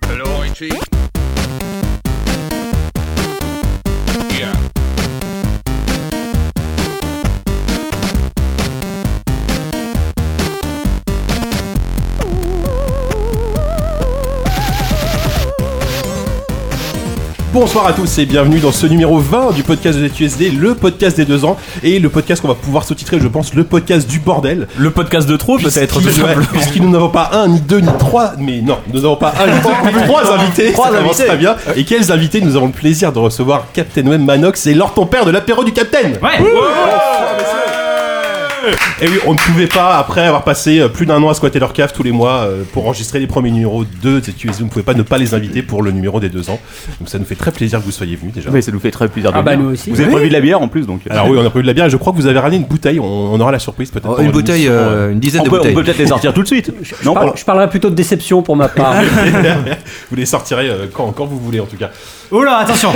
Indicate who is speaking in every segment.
Speaker 1: Fauci. Yeah.
Speaker 2: Bonsoir à tous et bienvenue dans ce numéro 20 du podcast de ZQSD, le podcast des deux ans et le podcast qu'on va pouvoir sous-titrer, je pense, le podcast du bordel.
Speaker 3: Le podcast de trop peut-être. tout
Speaker 2: Puisqu'il- ouais,
Speaker 3: simplement.
Speaker 2: Puisqu'il nous n'avons pas un, ni deux, ni trois, mais non, nous n'avons pas un, ni deux, ni trois invités.
Speaker 3: Trois
Speaker 2: ça commence
Speaker 3: invités.
Speaker 2: très bien. Et quels invités nous avons le plaisir de recevoir Captain Web Manox et Lord ton père de l'apéro du Captain.
Speaker 4: Ouais.
Speaker 2: Et oui, on ne pouvait pas, après avoir passé euh, plus d'un an à squatter leur cave tous les mois euh, pour enregistrer les premiers numéros de ZQSD, on ne pouvait pas ne pas les inviter pour le numéro des deux ans. Donc ça nous fait très plaisir que vous soyez venus déjà.
Speaker 3: Mais ça nous fait très plaisir de
Speaker 4: Ah bah,
Speaker 3: venir.
Speaker 4: nous aussi.
Speaker 3: Vous avez prévu de la bière en plus donc.
Speaker 2: Alors oui, on a prévu de la bière et je crois que vous avez ramené une bouteille, on, on aura la surprise peut-être. pendant
Speaker 5: une
Speaker 2: l'émission.
Speaker 5: bouteille, euh, une dizaine
Speaker 3: on
Speaker 5: de
Speaker 3: peut, on
Speaker 5: bouteilles.
Speaker 3: peut peut-être les sortir tout de suite. Non,
Speaker 4: Je, par-
Speaker 3: pour-
Speaker 4: je parlerai plutôt de déception pour ma part.
Speaker 2: Vous les sortirez euh, quand, quand vous voulez en tout cas.
Speaker 6: Oula, attention,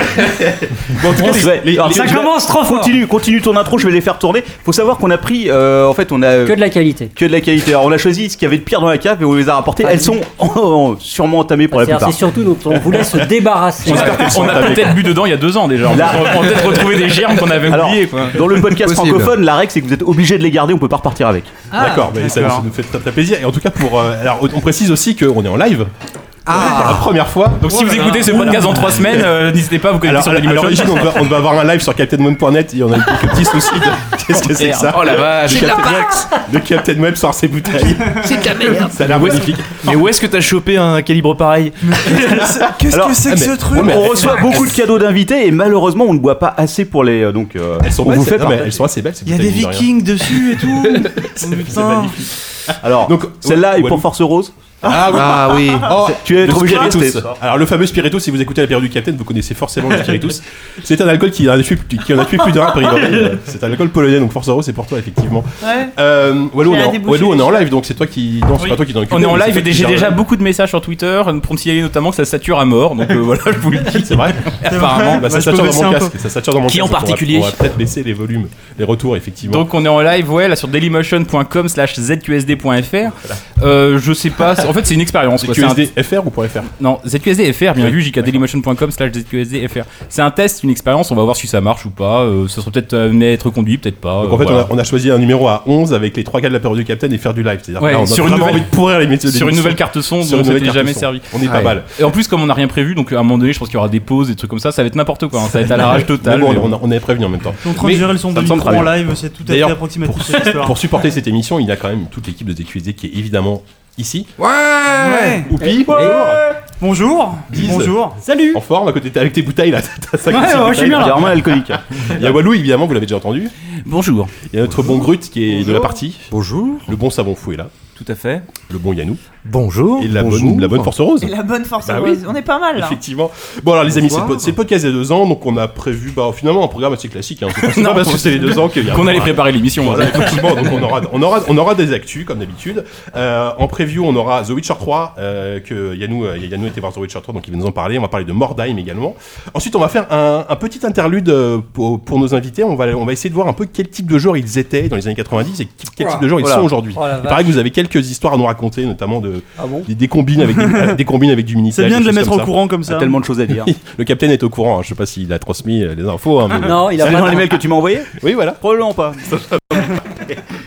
Speaker 2: Bon, en tout
Speaker 3: on
Speaker 2: cas,
Speaker 3: sait.
Speaker 2: les- les-
Speaker 3: Alors,
Speaker 2: les-
Speaker 3: tu-
Speaker 6: ça commence trop fort.
Speaker 3: Continue, continue ton intro, je vais les faire tourner. Faut savoir qu'on a pris, euh, en fait, on a
Speaker 4: que de la qualité.
Speaker 3: que de la qualité. Alors on a choisi ce qu'il y avait de pire dans la cave et on les a rapportées.
Speaker 4: Ah,
Speaker 3: Elles sont sûrement entamées pour la
Speaker 4: C'est-à-dire,
Speaker 3: plupart.
Speaker 4: Ah, C'est surtout dont on voulait se débarrasser.
Speaker 7: On a peut-être bu dedans il y a deux ans déjà. On
Speaker 3: Là.
Speaker 7: va peut-être retrouver des germes qu'on avait
Speaker 3: Alors,
Speaker 7: oubliés. quoi.
Speaker 3: dans le podcast
Speaker 5: Possible.
Speaker 3: francophone, la règle c'est que vous êtes obligé de les garder, on peut pas repartir avec.
Speaker 2: Ah, D'accord, mais ça, ça nous fait très, très plaisir. Et en tout cas, pour, euh, alors, on précise aussi qu'on est en live pour la
Speaker 5: Ah
Speaker 2: première fois.
Speaker 7: Donc si vous écoutez ce podcast dans trois semaines, euh, n'hésitez pas, vous connectez
Speaker 2: Alors,
Speaker 7: sur
Speaker 2: à à
Speaker 7: Dailymotion.
Speaker 2: l'origine, on, va- on devait avoir un live sur CaptainWeb.net et on a eu quelques petits soucis. de- Qu'est-ce que c'est que ça
Speaker 7: Oh la vache.
Speaker 2: Le Captain Web- Le Captain Web sort ses bouteilles.
Speaker 8: C'est de la merde.
Speaker 2: Ça a l'air magnifique.
Speaker 7: Mais où est-ce que t'as chopé un calibre pareil
Speaker 8: Qu'est-ce
Speaker 3: Alors,
Speaker 8: que c'est que
Speaker 2: ah,
Speaker 8: ce
Speaker 2: mais-
Speaker 8: truc
Speaker 2: ouais, mais-
Speaker 3: On reçoit beaucoup de cadeaux d'invités et malheureusement on ne boit pas assez pour les. euh, donc euh,
Speaker 2: Elles sont,
Speaker 3: on
Speaker 2: belles,
Speaker 3: vous
Speaker 2: ces-
Speaker 3: fait
Speaker 2: non, mais
Speaker 3: partager.
Speaker 2: elles sont assez belles ces
Speaker 8: Il y a
Speaker 2: bouteilles,
Speaker 8: des
Speaker 2: mine de rien.
Speaker 8: vikings dessus et tout.
Speaker 2: C'est
Speaker 8: Putain.
Speaker 2: magnifique.
Speaker 3: Alors,
Speaker 2: Donc,
Speaker 3: celle-là est
Speaker 2: Walou.
Speaker 3: pour Force Rose.
Speaker 2: Ah oui.
Speaker 5: Ah oui
Speaker 2: Oh,
Speaker 3: Tu es
Speaker 2: Le
Speaker 3: être obligé de rester.
Speaker 2: spiritus. Alors le fameux spiritus, si vous écoutez la période du Capitaine, vous connaissez forcément le spiritus. C'est un alcool qui en a tué, qui en a tué plus d'un a priori. Euh, C'est un alcool polonais, donc Force Euro, c'est pour toi effectivement.
Speaker 8: Ouais.
Speaker 2: Euh, Walou, on,
Speaker 8: J'ai
Speaker 2: est
Speaker 8: à
Speaker 2: en-
Speaker 8: déboucher
Speaker 2: Walou, on est en
Speaker 8: les
Speaker 2: live, donc c'est toi qui, non, c'est
Speaker 7: Oui.
Speaker 2: pas toi qui t'en occupe.
Speaker 7: On est en live et j'ai déjà beaucoup de messages sur Twitter pour me signaler notamment que ça sature à mort. Donc euh, voilà, je vous le dis.
Speaker 2: C'est vrai.
Speaker 7: Apparemment.
Speaker 2: Bah, ça
Speaker 8: Bah, je peux
Speaker 2: sature dans
Speaker 8: baisser
Speaker 2: mon
Speaker 8: un peu.
Speaker 2: casque. Ça sature dans mon
Speaker 7: Qui
Speaker 2: casque,
Speaker 7: en
Speaker 2: donc on va-
Speaker 7: particulier
Speaker 2: On va peut-être baisser les volumes, les retours effectivement.
Speaker 7: Donc on est en live, ouais, là sur dailymotion.com slash zqsd.fr. Euh, je sais pas, c'est- en fait c'est une expérience.
Speaker 2: C'est
Speaker 7: quoi. C'est un-
Speaker 2: QSD FR ou point .fr
Speaker 7: Non, ZQSDFR, bien vu, jkdailymotion.com slash ZQSDFR. C'est un test, une expérience, on va voir si ça marche ou pas. euh, ça sera peut-être amené à être conduit, peut-être pas.
Speaker 2: Donc
Speaker 7: euh,
Speaker 2: en fait, on
Speaker 7: voilà.
Speaker 2: a- on a choisi un numéro à 11 avec les trois cas de la période du Capitaine et faire du live. C'est-à-dire que
Speaker 7: Ouais,
Speaker 2: là, on a
Speaker 7: sur une
Speaker 2: vraiment
Speaker 7: nouvelle-
Speaker 2: envie de pourrir les
Speaker 7: sur
Speaker 2: méthodes
Speaker 7: une
Speaker 2: d'émission.
Speaker 7: nouvelle carte son,
Speaker 2: Sur
Speaker 7: dont on
Speaker 2: une nouvelle
Speaker 7: s'était
Speaker 2: carte
Speaker 7: jamais
Speaker 2: son.
Speaker 7: servi. Ah
Speaker 2: On est pas
Speaker 5: Ouais.
Speaker 2: mal.
Speaker 7: Et en plus, comme on n'a rien prévu, donc à un moment donné, je pense qu'il y aura des pauses, des trucs comme ça, ça va être n'importe quoi, hein, ça va être à l'arrache
Speaker 2: Mais
Speaker 7: totale.
Speaker 2: bon,
Speaker 7: mais
Speaker 2: on,
Speaker 7: bon.
Speaker 2: a- on avait prévenu hein, en même temps.
Speaker 8: Ils sont en train de
Speaker 7: Mais
Speaker 8: gérer le son
Speaker 3: ça
Speaker 8: de
Speaker 3: me semble
Speaker 8: micro
Speaker 3: très
Speaker 8: en live, c'est tout à fait
Speaker 2: D'ailleurs,
Speaker 8: approximatif cette histoire.
Speaker 2: Pour supporter cette émission, il y a quand même toute l'équipe de DQSD qui est évidemment ici.
Speaker 8: Ouais.
Speaker 2: Oupi, bonjour.
Speaker 8: Bonjour.
Speaker 2: Dise.
Speaker 8: Bonjour.
Speaker 4: Salut
Speaker 2: En forme, à côté, t'es avec tes bouteilles là. t'as ça qui
Speaker 8: Ouais,
Speaker 2: s'est
Speaker 8: ouais,
Speaker 2: fait.
Speaker 8: je suis bien
Speaker 3: Il y a
Speaker 8: là.
Speaker 3: vraiment l'alcoolique.
Speaker 2: Il y a Walou, évidemment, vous l'avez déjà entendu.
Speaker 7: Bonjour.
Speaker 2: Il y a notre bon Grut qui est de la
Speaker 8: Bonjour.
Speaker 2: partie.
Speaker 5: Bonjour
Speaker 2: Le bon savon fou est là.
Speaker 7: Tout à fait.
Speaker 2: Le bon Yanou.
Speaker 5: Bonjour
Speaker 2: Et la
Speaker 5: bonjour.
Speaker 2: bonne, la bonne force rose.
Speaker 9: Et la bonne force
Speaker 2: Bah
Speaker 9: heureuse. On est pas mal là.
Speaker 2: Effectivement. Bon alors les amis, c'est le,
Speaker 5: Bonsoir.
Speaker 2: pod- c'est le podcast des deux ans, donc on a prévu bah, finalement un programme assez classique. Hein. C'est pas parce que c'est les deux ans qu'il y a.
Speaker 7: Qu'on allait
Speaker 2: préparer.
Speaker 7: préparer l'émission.
Speaker 2: Voilà, effectivement, donc on aura, on aura, on aura des actus comme d'habitude. Euh, en preview, on aura The Witcher 3 euh, que Yannou, euh, Yannou était voir The Witcher 3, donc il va nous en parler. On va parler de Mordheim également. Ensuite, on va faire un, un petit interlude euh, pour, pour nos invités. On va, on va essayer de voir un peu quel type de joueurs ils étaient dans les années 90 et quel, quel type de joueurs ils
Speaker 3: Voilà.
Speaker 2: sont aujourd'hui.
Speaker 4: Oh la
Speaker 2: Il paraît que vous avez quelques histoires à nous raconter, notamment de
Speaker 4: Ah bon
Speaker 2: des, des combines avec des, des combines avec du ministère.
Speaker 8: C'est bien de les mettre au courant comme ça.
Speaker 3: Tellement de choses à dire.
Speaker 2: hein. Le capitaine est au courant. hein. Je sais pas s'il a transmis euh, les infos. hein, mais-
Speaker 4: Non, il a
Speaker 3: C'est dans les
Speaker 4: pas.
Speaker 3: mails que tu m'as envoyés
Speaker 2: Oui, voilà.
Speaker 3: Probablement pas.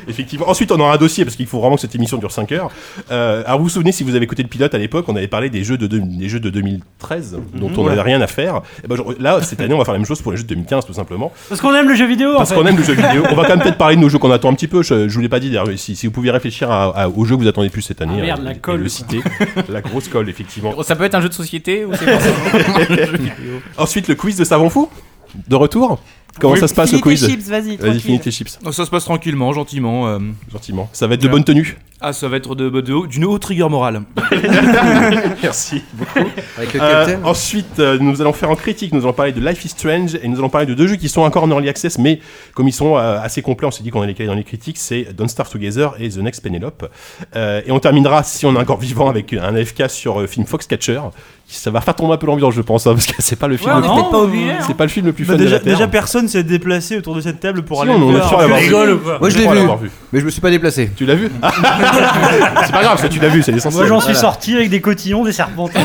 Speaker 2: Effectivement. Ensuite, on aura un dossier parce qu'il faut vraiment que cette émission dure 5 heures. Euh, alors, vous vous souvenez, si vous avez écouté le pilote à l'époque, on avait parlé des jeux de, deux- des jeux de 2013 dont on n'avait rien à faire. Et ben, genre, là, cette année, on va faire la même chose pour les jeux de 2015, tout simplement.
Speaker 8: Parce qu'on aime le jeu vidéo. en
Speaker 2: Parce
Speaker 8: fait.
Speaker 2: qu'on aime le jeu vidéo. On va quand même peut-être parler de nos jeux qu'on attend un petit peu. Je, je vous l'ai pas dit d'ailleurs. mais Si, si vous pouviez réfléchir à, à- aux jeux que vous attendez plus cette année, hein,
Speaker 4: Ah merde, la
Speaker 2: et- et
Speaker 4: colle,
Speaker 2: le
Speaker 4: quoi.
Speaker 2: citer. la grosse colle, effectivement.
Speaker 7: Oh, Ça peut être un jeu de société ou c'est pas ça
Speaker 2: Ensuite, le quiz de Savon Fou. De retour. Comment ça se passe le
Speaker 9: Finis tes
Speaker 2: quiz
Speaker 9: chips, vas-y.
Speaker 2: Vas-y,
Speaker 9: tranquille.
Speaker 2: finis tes chips,
Speaker 10: Oh, ça se passe tranquillement, gentiment. euh.
Speaker 2: gentiment. Ça va être de
Speaker 10: Ouais.
Speaker 2: bonne tenue.
Speaker 10: Ah, ça va être de- de- d'une haute rigueur morale.
Speaker 2: Merci.
Speaker 5: Avec le
Speaker 2: Euh,
Speaker 5: capitaine
Speaker 2: ensuite, euh, nous allons faire en critique, nous allons parler de Life is Strange et nous allons parler de deux jeux qui sont encore en early access, mais comme ils sont euh, assez complets, on s'est dit qu'on allait caler dans les critiques, c'est Don't Starve Together et The Next Penelope. Euh, et on terminera, si on est encore vivant, avec un AFK sur euh, film Foxcatcher. qui- Ça va faire tomber un peu l'ambiance, je pense, hein, parce que c'est pas le film.
Speaker 9: Ouais, on
Speaker 2: le
Speaker 9: est
Speaker 2: plus-
Speaker 9: peut-être pas obligé. hein.
Speaker 2: c'est pas le film le plus
Speaker 8: Bah,
Speaker 2: fun de
Speaker 8: déjà,
Speaker 2: la Terre.
Speaker 8: déjà, personne s'est déplacé autour de cette table pour
Speaker 2: Si,
Speaker 8: aller
Speaker 2: on- on
Speaker 8: le
Speaker 2: a
Speaker 8: voir.
Speaker 2: sûr à l'avoir
Speaker 8: Tu
Speaker 2: vu.
Speaker 8: rigoles ou quoi
Speaker 5: Moi je l'ai
Speaker 2: crois
Speaker 5: vu,
Speaker 2: l'avoir vu.
Speaker 5: mais je me suis pas déplacé.
Speaker 2: Tu l'as vu Ah, C'est pas grave, ça tu l'as vu, c'est l'essentiel.
Speaker 8: Moi, j'en suis sorti avec des cotillons, des serpentins.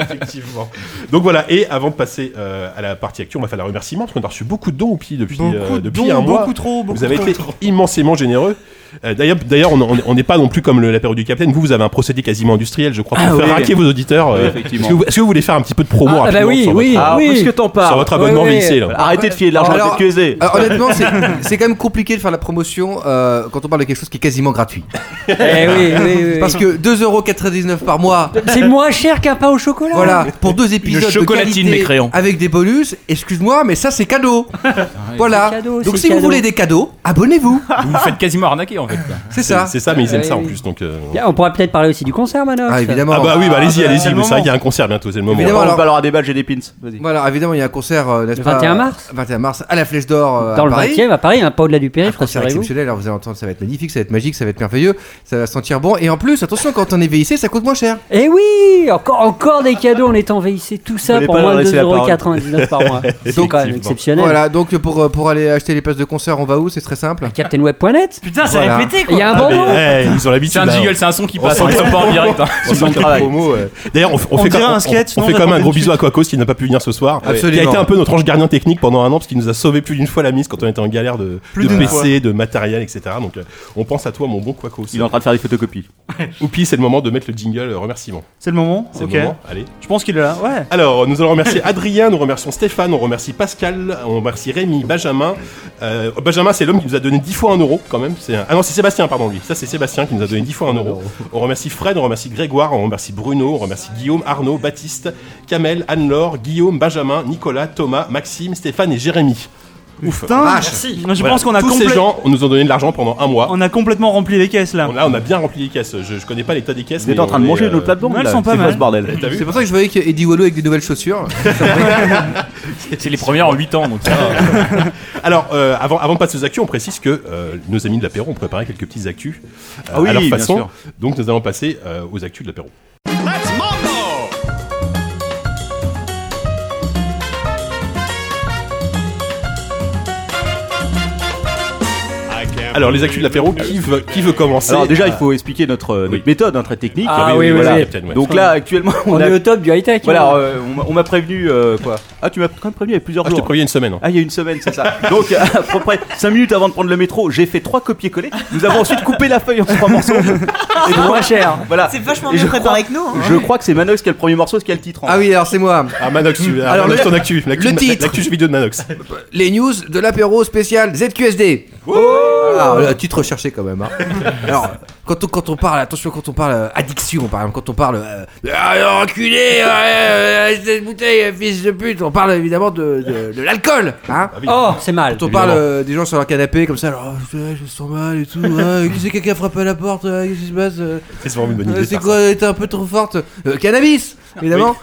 Speaker 2: Effectivement. Donc voilà, et avant de passer euh, à la partie actuelle, on va faire les remerciements parce qu'on a reçu beaucoup de dons depuis, depuis, euh,
Speaker 8: beaucoup de
Speaker 2: depuis
Speaker 8: dons,
Speaker 2: un mois.
Speaker 8: beaucoup trop, beaucoup
Speaker 2: vous avez
Speaker 8: trop.
Speaker 2: été immensément généreux. Euh, D'ailleurs, d'ailleurs, on- on on n'est pas non plus comme le- la période du Capitaine. Vous, vous avez un procédé quasiment industriel, je crois, pour
Speaker 3: Ah
Speaker 2: faire
Speaker 3: oui.
Speaker 2: hacker vos auditeurs. euh, Est-ce que,
Speaker 3: effectivement.
Speaker 2: vous- est-ce que vous voulez faire un petit peu de promo
Speaker 4: Ah,
Speaker 2: rapidement
Speaker 4: bah oui,
Speaker 2: sur votre-
Speaker 4: oui.
Speaker 3: Ah, plus que t'en parles.
Speaker 2: sur votre abonnement
Speaker 4: Ouais, ouais.
Speaker 2: VLC, là.
Speaker 3: Arrêtez de filer de l'argent
Speaker 5: Alors-
Speaker 3: à tête usée.
Speaker 5: Alors, honnêtement, c'est c'est quand même compliqué de faire la promotion euh, quand on parle de quelque chose qui est quasiment gratuit.
Speaker 4: Eh oui, oui, oui.
Speaker 5: Parce que 2,99€ par mois,
Speaker 4: C'est moins cher qu'un pain au chocolat.
Speaker 5: voilà, pour deux épisodes de
Speaker 10: chocolatine,
Speaker 5: qualité,
Speaker 10: mécréant.
Speaker 5: avec des bonus, excuse-moi, mais ça c'est cadeau. voilà.
Speaker 4: c'est cadeau,
Speaker 5: Donc
Speaker 4: c'est
Speaker 5: si vous
Speaker 4: cadeau.
Speaker 5: voulez des cadeaux, abonnez-vous.
Speaker 7: Vous vous faites quasiment arnaquer en fait. quoi.
Speaker 5: C'est
Speaker 2: C'est
Speaker 5: ça.
Speaker 2: c'est ça, mais ils aiment
Speaker 4: Ouais,
Speaker 2: ça en
Speaker 4: oui.
Speaker 2: plus. Donc, euh,
Speaker 4: Tiens, On pourrait peut-être parler aussi du concert, Manox.
Speaker 5: Ah évidemment.
Speaker 2: Ah bah oui, bah allez-y,
Speaker 8: bah,
Speaker 2: allez-y.
Speaker 8: c'est le
Speaker 2: mais ça,
Speaker 8: moment.
Speaker 2: il y a un concert bientôt, c'est le moment.
Speaker 5: Évidemment,
Speaker 3: on
Speaker 5: alors-
Speaker 3: parlera des badges et des pins. Vas-y.
Speaker 5: Voilà, évidemment, il y a un concert, euh, n'est-ce
Speaker 4: Le
Speaker 5: pas
Speaker 4: 21 mars.
Speaker 5: 21 mars, à la Flèche d'Or. euh, à
Speaker 4: Dans le
Speaker 5: Paris.
Speaker 4: 20ème à Paris, un pas au-delà du
Speaker 5: Un
Speaker 4: périph',
Speaker 5: concert
Speaker 4: rassurez-vous.
Speaker 5: exceptionnel, alors vous allez entendre, ça va être magnifique, ça va être magique, ça va être merveilleux, ça va sentir bon. Et en plus, attention, quand on est VIC, ça coûte moins cher.
Speaker 4: Eh oui, encore, encore des cadeaux, on est en VIC, tout ça
Speaker 3: Fallait
Speaker 4: pour
Speaker 3: pas leur
Speaker 4: moins de
Speaker 3: laisser la parole.
Speaker 4: 2,99€ par mois. C'est quand même
Speaker 2: Effectivement.
Speaker 4: exceptionnel.
Speaker 5: Voilà, donc pour, euh, pour aller acheter les places de concert, on va où C'est très simple.
Speaker 4: CaptainWeb.net,
Speaker 8: Putain, c'est
Speaker 5: Voilà.
Speaker 8: répété
Speaker 4: il
Speaker 8: quoi.
Speaker 4: y a un
Speaker 2: Ah, mais,
Speaker 4: bon nom.
Speaker 2: eh, ils ont
Speaker 7: C'est
Speaker 2: l'habitude.
Speaker 7: un
Speaker 2: là.
Speaker 7: jingle, c'est un son qui passe,
Speaker 2: sent
Speaker 7: on
Speaker 2: que-
Speaker 7: sent pas en direct. hein.
Speaker 2: On sent que la promo, euh, D'ailleurs, on, on
Speaker 8: On
Speaker 2: fait
Speaker 8: dirait
Speaker 2: comme,
Speaker 8: un
Speaker 2: on-
Speaker 8: sketch,
Speaker 2: on
Speaker 8: non,
Speaker 2: fait
Speaker 8: on
Speaker 2: quand même
Speaker 8: a
Speaker 2: un
Speaker 8: pas
Speaker 2: gros
Speaker 8: fait de
Speaker 2: bisou à Quacos qui n'a pas pu venir ce soir.
Speaker 5: Absolument.
Speaker 2: Qui a été un peu notre ange gardien technique pendant un an parce qu'il nous a sauvé plus d'une fois la mise quand on était en galère de,
Speaker 8: Plus
Speaker 2: de
Speaker 8: d'une
Speaker 2: PC, de matériel, etc. Donc euh, on pense à toi, mon bon Quacos.
Speaker 3: Il est en train de faire des photocopies.
Speaker 2: Oupi, c'est le moment de mettre le jingle euh, remerciement.
Speaker 8: C'est le moment.
Speaker 2: C'est
Speaker 8: Ok.
Speaker 2: le moment. Allez.
Speaker 8: Je pense qu'il est là. Ouais.
Speaker 2: Alors, nous allons remercier Adrien, nous remercions Stéphane, on remercie Pascal, on remercie Rémi, Benjamin. Euh, Benjamin, c'est l'homme qui nous a donné 10 fois un euro quand même. C'est un- Ah non, c'est Sébastien, pardon, lui. Ça, c'est Sébastien qui nous a donné 10 fois un euro.
Speaker 3: Oh.
Speaker 2: On remercie Fred, on remercie Grégoire, on remercie Bruno, on remercie Guillaume, Arnaud, Baptiste, Kamel, Anne-Laure, Guillaume, Benjamin, Nicolas, Thomas, Maxime, Stéphane et Jérémy. Ouf.
Speaker 8: Putain,
Speaker 5: Vache.
Speaker 8: je
Speaker 2: Voilà.
Speaker 8: pense qu'on a,
Speaker 2: Tous
Speaker 8: complé-
Speaker 2: ces gens nous ont donné de l'argent pendant un mois.
Speaker 8: on a complètement rempli les caisses là.
Speaker 2: On- Là, on a bien rempli les caisses. Je, je connais pas l'état des caisses.
Speaker 3: Vous êtes
Speaker 2: mais
Speaker 3: en train de
Speaker 2: on est,
Speaker 3: manger
Speaker 2: euh, Eh,
Speaker 3: de l'autre plate-bande
Speaker 8: elles
Speaker 3: là.
Speaker 8: sont pas
Speaker 3: C'est quoi
Speaker 8: mal.
Speaker 3: ce bordel
Speaker 2: T'as vu
Speaker 5: C'est pour ça que je voyais qu'il y a Eddie Wallo avec des nouvelles chaussures.
Speaker 7: C'est les premières en 8 ans donc ça va.
Speaker 2: Alors, euh, avant, avant de passer aux actus, on précise que euh, nos amis de l'apéro ont préparé quelques petites actus euh,
Speaker 3: Ah oui,
Speaker 2: à leur
Speaker 3: bien
Speaker 2: façon.
Speaker 3: sûr.
Speaker 2: Donc, nous allons passer euh, aux actus de l'apéro. Alors, les actus de l'apéro, qui veut, qui veut commencer
Speaker 3: Euh,
Speaker 2: Ah.
Speaker 3: Alors déjà, il faut expliquer notre, euh, notre
Speaker 2: Oui.
Speaker 3: méthode hein, très technique.
Speaker 4: Ah oui, oui,
Speaker 3: Voilà.
Speaker 2: oui, Captain, ouais.
Speaker 3: Donc là, actuellement, on,
Speaker 4: On
Speaker 3: a-
Speaker 4: est au top du high-tech.
Speaker 3: Voilà,
Speaker 4: hein.
Speaker 3: euh, on m'a- on m'a prévenu euh, quoi Ah, tu m'as quand même prévenu il y a plusieurs
Speaker 2: Ah, je t'ai
Speaker 3: jours.
Speaker 2: prévu il y a une semaine. hein.
Speaker 3: Ah, il y a une semaine, c'est ça. Donc, à peu près 5 minutes avant de prendre le métro, j'ai fait trois copier-coller. Nous avons ensuite coupé la feuille en trois morceaux. Et donc,
Speaker 4: Moins cher.
Speaker 3: voilà.
Speaker 6: C'est vachement
Speaker 3: Et
Speaker 6: mieux
Speaker 3: je crois-
Speaker 6: préparé que nous. hein.
Speaker 3: Je crois que c'est Manox qui a le premier morceau, ce qui a le titre. en
Speaker 5: Ah oui, alors c'est moi.
Speaker 2: Ah, Manox, tu- ah,
Speaker 5: Alors,
Speaker 2: Manox,
Speaker 5: le-
Speaker 2: ton actu. L'actu
Speaker 5: le
Speaker 2: de-
Speaker 5: titre.
Speaker 2: L'actu jeu vidéo de Manox.
Speaker 5: Les news de l'apéro spécial ZQSD. Ah, Alors, le titre recherché quand même. hein. Alors, quand on, quand on parle, attention, quand on parle euh, addiction, par exemple, quand on parle euh, Ah, enculé, ouais, euh, cette bouteille, euh, fils de pute, on parle évidemment de, de- de l'alcool. Hein
Speaker 2: Ah oui.
Speaker 4: Oh, c'est mal.
Speaker 5: quand on parle euh, des gens sur leur canapé comme ça, alors, Oh, je me sens mal et tout, ah, qui c'est qui a- qui a frappé à la porte, ah, qu'est-ce qui se passe euh,
Speaker 2: C'est vraiment une bonne idée.
Speaker 5: euh,
Speaker 2: de
Speaker 5: C'est
Speaker 2: faire
Speaker 5: quoi, t'es un peu trop forte Euh, Cannabis, évidemment.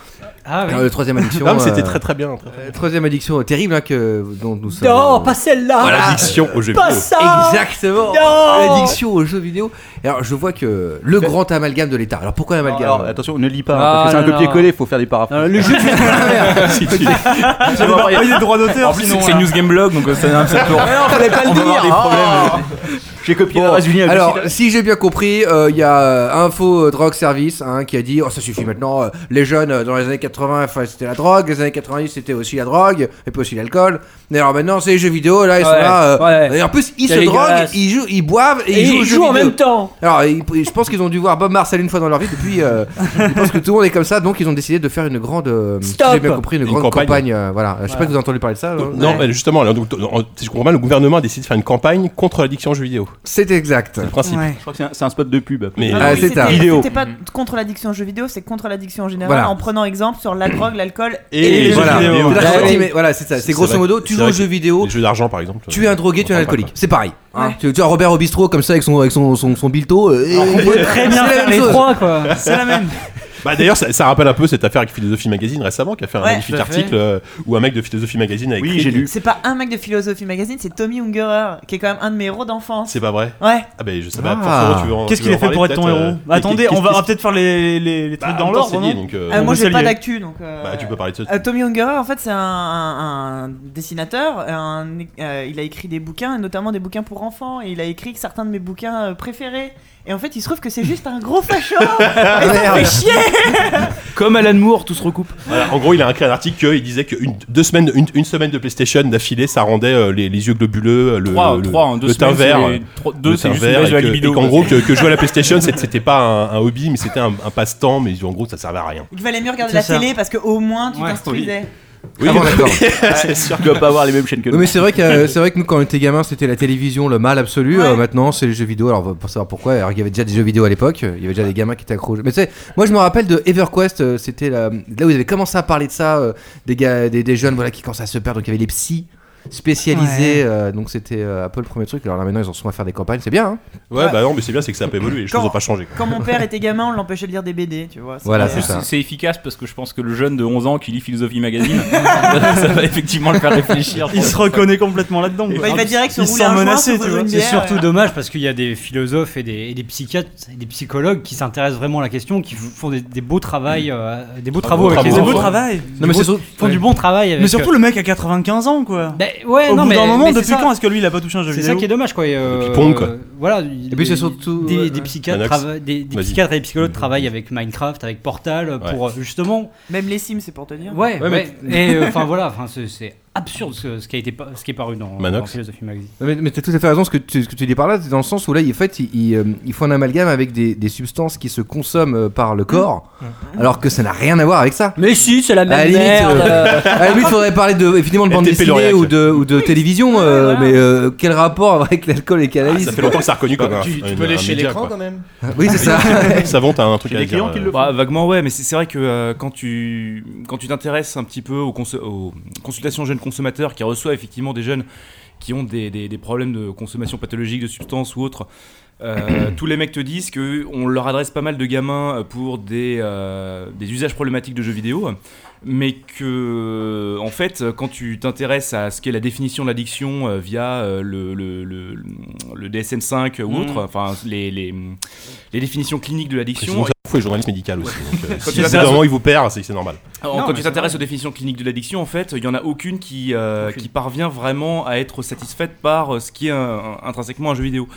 Speaker 4: Ah, oui.
Speaker 5: Alors, le troisième
Speaker 2: ça.
Speaker 5: addiction.
Speaker 2: Non, mais c'était
Speaker 5: euh,
Speaker 2: très très bien. très-
Speaker 5: euh, Troisième addiction terrible hein, que, dont nous sommes.
Speaker 4: Non,
Speaker 5: euh,
Speaker 4: pas celle-là.
Speaker 2: Addiction aux jeux
Speaker 4: Pas
Speaker 2: vidéo.
Speaker 4: ça.
Speaker 5: Exactement.
Speaker 4: Non
Speaker 5: L'addiction aux jeux vidéo. Alors je vois que le grand amalgame de l'État. Alors pourquoi
Speaker 3: Alors,
Speaker 5: amalgame
Speaker 3: alors, attention, ne lis pas, hein,
Speaker 4: Ah,
Speaker 3: parce que c'est
Speaker 4: non,
Speaker 3: un copier-coller, il faut faire des paraphrases.
Speaker 4: Non, le jeu
Speaker 2: Si tu-
Speaker 8: On va parler des droits
Speaker 7: En
Speaker 8: d'auteur.
Speaker 7: plus,
Speaker 8: sinon,
Speaker 7: c'est
Speaker 8: là.
Speaker 7: News Game Blog
Speaker 5: Oh.
Speaker 7: donc euh, ça ça tourne.
Speaker 3: pas le dire euh, J'ai copié
Speaker 5: Bon,
Speaker 3: le reste du lien,
Speaker 5: alors,
Speaker 3: Lucille.
Speaker 5: si j'ai bien compris, euh, il y a euh, Info euh, Drogue Service hein, qui a dit Oh, ça suffit maintenant, euh, les jeunes euh, dans les années 80, enfin, c'était la drogue, les années 90, c'était aussi la drogue, et puis aussi l'alcool. Mais alors maintenant, c'est les jeux vidéo, là, ils sont
Speaker 4: Ouais,
Speaker 5: là. euh,
Speaker 4: ouais.
Speaker 5: Et en plus, ils
Speaker 4: C'est
Speaker 5: se droguent,
Speaker 4: dégueulasse.
Speaker 5: ils, jouent, ils boivent et,
Speaker 4: Et
Speaker 5: ils jouent aux
Speaker 4: ils
Speaker 5: jeux
Speaker 4: jouent en
Speaker 5: vidéo.
Speaker 4: même temps.
Speaker 5: Alors, ils- je pense qu'ils ont dû voir Bob Marcel une fois dans leur vie. Depuis, euh, je pense que tout le monde est comme ça. Donc, ils ont décidé de faire une grande, euh, si
Speaker 4: Stop.
Speaker 5: j'ai bien compris, une,
Speaker 2: Une
Speaker 5: grande
Speaker 2: campagne.
Speaker 5: campagne. euh, voilà, je sais pas que vous avez entendu parler de ça. euh,
Speaker 2: Non,
Speaker 5: ouais.
Speaker 2: mais justement, alors, donc, en- si je comprends bien, le gouvernement a décidé de faire une campagne contre l'addiction aux jeux vidéo.
Speaker 5: c'est exact.
Speaker 2: C'est le principe.
Speaker 8: Ouais.
Speaker 3: Je crois que c'est un- c'est un spot de pub.
Speaker 2: Mais euh,
Speaker 5: Ah,
Speaker 6: oui,
Speaker 5: c'est
Speaker 6: c'était-
Speaker 5: ça.
Speaker 3: Vidéo.
Speaker 6: C'était pas contre l'addiction aux jeux vidéo, c'est contre l'addiction en général,
Speaker 5: Voilà.
Speaker 6: en prenant exemple sur la drogue, l'alcool
Speaker 2: Et
Speaker 6: et,
Speaker 2: les
Speaker 6: les
Speaker 2: jeux
Speaker 6: jeux
Speaker 5: Voilà,
Speaker 6: vidéo.
Speaker 2: vidéo.
Speaker 5: C'est la
Speaker 4: Bah
Speaker 8: Ah
Speaker 5: sortie,
Speaker 4: oui.
Speaker 5: mais voilà, c'est ça.
Speaker 2: C'est
Speaker 5: C'est grosso
Speaker 2: vrai
Speaker 5: modo,
Speaker 2: que-
Speaker 5: tu
Speaker 2: c'est
Speaker 5: joues aux
Speaker 2: vrai que-
Speaker 5: jeux vidéo,
Speaker 2: les jeux d'argent, par exemple. euh,
Speaker 5: tu es un drogué, tu es un
Speaker 2: On en parle
Speaker 5: alcoolique. C'est pareil. hein. Tu, tu vois Robert au bistrot comme ça avec son, avec son, son, son bilto. euh,
Speaker 8: Ah, On
Speaker 5: et-
Speaker 8: peut très bien
Speaker 5: c'est la
Speaker 8: faire
Speaker 5: même
Speaker 8: les
Speaker 5: chose.
Speaker 8: trois quoi. C'est la même.
Speaker 2: Bah d'ailleurs, ça, ça rappelle un peu cette affaire avec Philosophie Magazine récemment, qui a fait un
Speaker 6: Ouais,
Speaker 2: magnifique
Speaker 10: tout à fait.
Speaker 2: article euh, où un mec de Philosophie Magazine a
Speaker 3: Oui,
Speaker 2: écrit.
Speaker 3: j'ai lu.
Speaker 6: C'est pas un mec de Philosophie Magazine, c'est Tommy Ungerer, qui est quand même un de mes héros d'enfance.
Speaker 2: C'est pas vrai.
Speaker 6: Ouais.
Speaker 2: Ah ben je sais pas.
Speaker 5: Ah.
Speaker 2: forcément, tu veux en-
Speaker 8: Qu'est-ce
Speaker 2: tu
Speaker 8: qu'il
Speaker 2: veux
Speaker 8: a
Speaker 2: en
Speaker 8: fait pour
Speaker 2: parler,
Speaker 8: être ton
Speaker 2: peut-être, euh,
Speaker 8: héros Bah, Attendez,
Speaker 2: qu'est-
Speaker 8: on va
Speaker 2: qu'est-ce
Speaker 8: on va peut-être faire les, les, les
Speaker 2: Bah,
Speaker 8: trucs
Speaker 2: en
Speaker 8: dans
Speaker 2: même temps,
Speaker 8: l'ordre,
Speaker 2: c'est lié,
Speaker 8: non
Speaker 2: donc,
Speaker 6: Euh,
Speaker 2: euh,
Speaker 8: Bon,
Speaker 6: moi,
Speaker 8: vous
Speaker 6: j'ai pas
Speaker 8: saluez.
Speaker 6: d'actu, donc. euh,
Speaker 2: bah, tu peux parler de ça.
Speaker 6: Euh, Tommy Ungerer, en fait, c'est un, un dessinateur. un- euh, il a écrit des bouquins, et notamment des bouquins pour enfants. Et il a écrit certains de mes bouquins euh, préférés. Et en fait, il se trouve que c'est juste un gros facho.
Speaker 5: Ah, merde.
Speaker 6: fait chier.
Speaker 10: Comme Alan Moore, tout se recoupe.
Speaker 2: Voilà, en gros, il a écrit un article qu'il disait que une- deux semaines, une, une semaine de PlayStation d'affilée, ça rendait euh, les, les yeux globuleux, euh, le,
Speaker 7: Trois,
Speaker 2: le,
Speaker 7: trois, en deux
Speaker 2: le teint
Speaker 7: semaines,
Speaker 2: vert.
Speaker 7: c'est-
Speaker 2: euh,
Speaker 7: trois-
Speaker 2: le
Speaker 7: deux,
Speaker 2: teint
Speaker 7: c'est juste
Speaker 2: vert,
Speaker 7: une baisse de la
Speaker 2: et que-
Speaker 7: libido.
Speaker 2: et qu'en gros, que, que jouer à la PlayStation, c'est- c'était pas un, un hobby, mais c'était un, un passe-temps, mais en gros, ça servait à rien.
Speaker 6: Il valait mieux regarder
Speaker 8: C'est
Speaker 6: la
Speaker 8: ça.
Speaker 6: télé parce que au moins tu
Speaker 8: Ouais,
Speaker 6: t'instruisais.
Speaker 5: Ah bon, d'accord.
Speaker 3: Tu dois pas avoir les mêmes chaînes que
Speaker 5: Oui,
Speaker 3: nous.
Speaker 5: mais c'est vrai que euh, c'est vrai que nous quand on était gamin c'était la télévision le mal absolu
Speaker 6: Ouais.
Speaker 5: Euh, maintenant c'est les jeux vidéo alors on va pas savoir pourquoi alors il y avait déjà des jeux vidéo à l'époque il y avait déjà des gamins qui étaient accros aux jeux. mais tu sais moi je me rappelle de EverQuest euh, c'était la- là où ils avaient commencé à parler de ça euh, des, gars, des des jeunes voilà qui commençaient à se perdre donc il y avait les psys spécialisés euh, donc c'était euh, un peu le premier truc alors là maintenant ils en sont à faire des campagnes c'est bien hein
Speaker 2: Ouais, bah non, mais c'est bien, c'est que ça a pas évolué, les
Speaker 6: Quand-
Speaker 2: choses n'ont pas changé.
Speaker 6: Quand mon père était gamin, on l'empêchait de lire des BD, tu vois.
Speaker 5: Voilà,
Speaker 7: En plus,
Speaker 5: c'est ça.
Speaker 7: c'est- C'est efficace parce que je pense que le jeune de 11 ans qui lit Philosophie Magazine, ça va effectivement le faire réfléchir.
Speaker 8: Il se reconnaît complètement là-dedans.
Speaker 6: Bah, il va direct se
Speaker 8: Ils
Speaker 6: rouler
Speaker 8: sont
Speaker 6: un joint,
Speaker 8: menacés,
Speaker 6: se
Speaker 8: tu
Speaker 6: brûler
Speaker 8: vois.
Speaker 6: une
Speaker 9: C'est
Speaker 6: bière.
Speaker 9: surtout dommage parce qu'il y a des philosophes et des, et des psychiatres, et des psychologues qui s'intéressent vraiment à la question, qui f- font des, des beaux travails, euh, des beaux travaux avec
Speaker 8: C'est
Speaker 9: les
Speaker 8: des
Speaker 9: enfants.
Speaker 8: Ah, beaux travail.
Speaker 5: non mais c'est sûr-
Speaker 9: Font du bon travail avec.
Speaker 8: Mais surtout le mec a 95 ans, quoi.
Speaker 9: Ben, ouais,
Speaker 8: Au
Speaker 9: non,
Speaker 8: bout
Speaker 9: mais
Speaker 8: d'un moment,
Speaker 9: mais c'est
Speaker 8: depuis
Speaker 9: ça.
Speaker 8: quand est-ce que lui il a pas touché un jeu
Speaker 9: C'est
Speaker 8: vidéo
Speaker 9: ça qui est dommage, quoi. Et, euh,
Speaker 2: Depuis Pong, quoi.
Speaker 9: euh, Voilà. Et
Speaker 5: puis c'est surtout,
Speaker 9: Des,
Speaker 8: euh,
Speaker 5: ouais,
Speaker 9: des
Speaker 5: ouais.
Speaker 9: psychiatres,
Speaker 2: Manox.
Speaker 9: trava- des, des
Speaker 2: Vas-y.
Speaker 9: psychiatres et des psychologues travaillent avec Minecraft, avec Portal, euh,
Speaker 2: Ouais.
Speaker 9: pour euh, justement.
Speaker 6: Même les Sims, c'est pour te dire.
Speaker 9: Ouais,
Speaker 5: Ouais,
Speaker 9: ouais. Et euh, enfin, voilà, enfin, c'est- c'est absurde ce, ce qui a été, pa- ce qui est paru dans,
Speaker 2: Manox.
Speaker 9: dans Philosophie Magazine.
Speaker 5: Non, Mais, mais t'as tout à fait raison, ce que tu, ce que tu dis par là, c'est dans le sens où là, en fait, ils, ils, euh, ils font un amalgame avec des, des substances qui se consomment euh, par le corps, alors que ça n'a rien à voir avec ça.
Speaker 4: Mmh. Mais si, c'est la
Speaker 5: À la
Speaker 4: même
Speaker 5: limite,
Speaker 4: merde.
Speaker 5: euh, à la limite, faudrait parler de, évidemment de bande
Speaker 2: LTP
Speaker 5: dessinée
Speaker 2: Lauriac.
Speaker 5: ou de, ou de
Speaker 4: Ah,
Speaker 5: télévision, euh, mais euh, quel rapport avec l'alcool et cannabis
Speaker 2: Ah, Ça fait longtemps que ça a reconnu comme un.
Speaker 1: Bah, tu, tu
Speaker 2: un-
Speaker 1: peux
Speaker 2: un
Speaker 1: lécher
Speaker 2: média,
Speaker 1: l'écran
Speaker 2: quoi.
Speaker 1: quand même.
Speaker 5: Oui, c'est ça.
Speaker 2: Savon, t'as un truc
Speaker 10: J'ai
Speaker 2: à
Speaker 10: des
Speaker 2: dire.
Speaker 10: clients qui
Speaker 2: euh,
Speaker 10: le font. Bah, vaguement, ouais, mais c'est c'est vrai que euh, quand tu quand tu t'intéresses un petit peu aux, cons- aux consultations jeunes consommateurs qui reçoivent effectivement des jeunes qui ont des, des- des problèmes de consommation pathologique de substances ou autres, euh, tous les mecs te disent que on leur adresse pas mal de gamins pour des euh, des usages problématiques de jeux vidéo. Mais que, en fait, quand tu t'intéresses à ce qu'est la définition de l'addiction euh, via euh, le, le, le- le DSM-5 ou
Speaker 7: Mm.
Speaker 10: autre, enfin, les, les, les définitions cliniques de l'addiction,
Speaker 2: Précisons que Zafou est journaliste médical aussi. donc, euh,
Speaker 10: Quand
Speaker 2: Si
Speaker 10: tu
Speaker 2: à
Speaker 10: t'intéresses-
Speaker 2: un moment il vous perd, c'est c'est normal.
Speaker 10: Alors,
Speaker 9: Non,
Speaker 10: quand
Speaker 9: mais
Speaker 10: tu
Speaker 9: c'est
Speaker 10: t'intéresses
Speaker 9: vrai.
Speaker 10: aux définitions cliniques de l'addiction, en fait, il n'y en a aucune qui, euh, qui parvient vraiment à être satisfaite par euh, ce qui est un- un- intrinsèquement un jeu vidéo.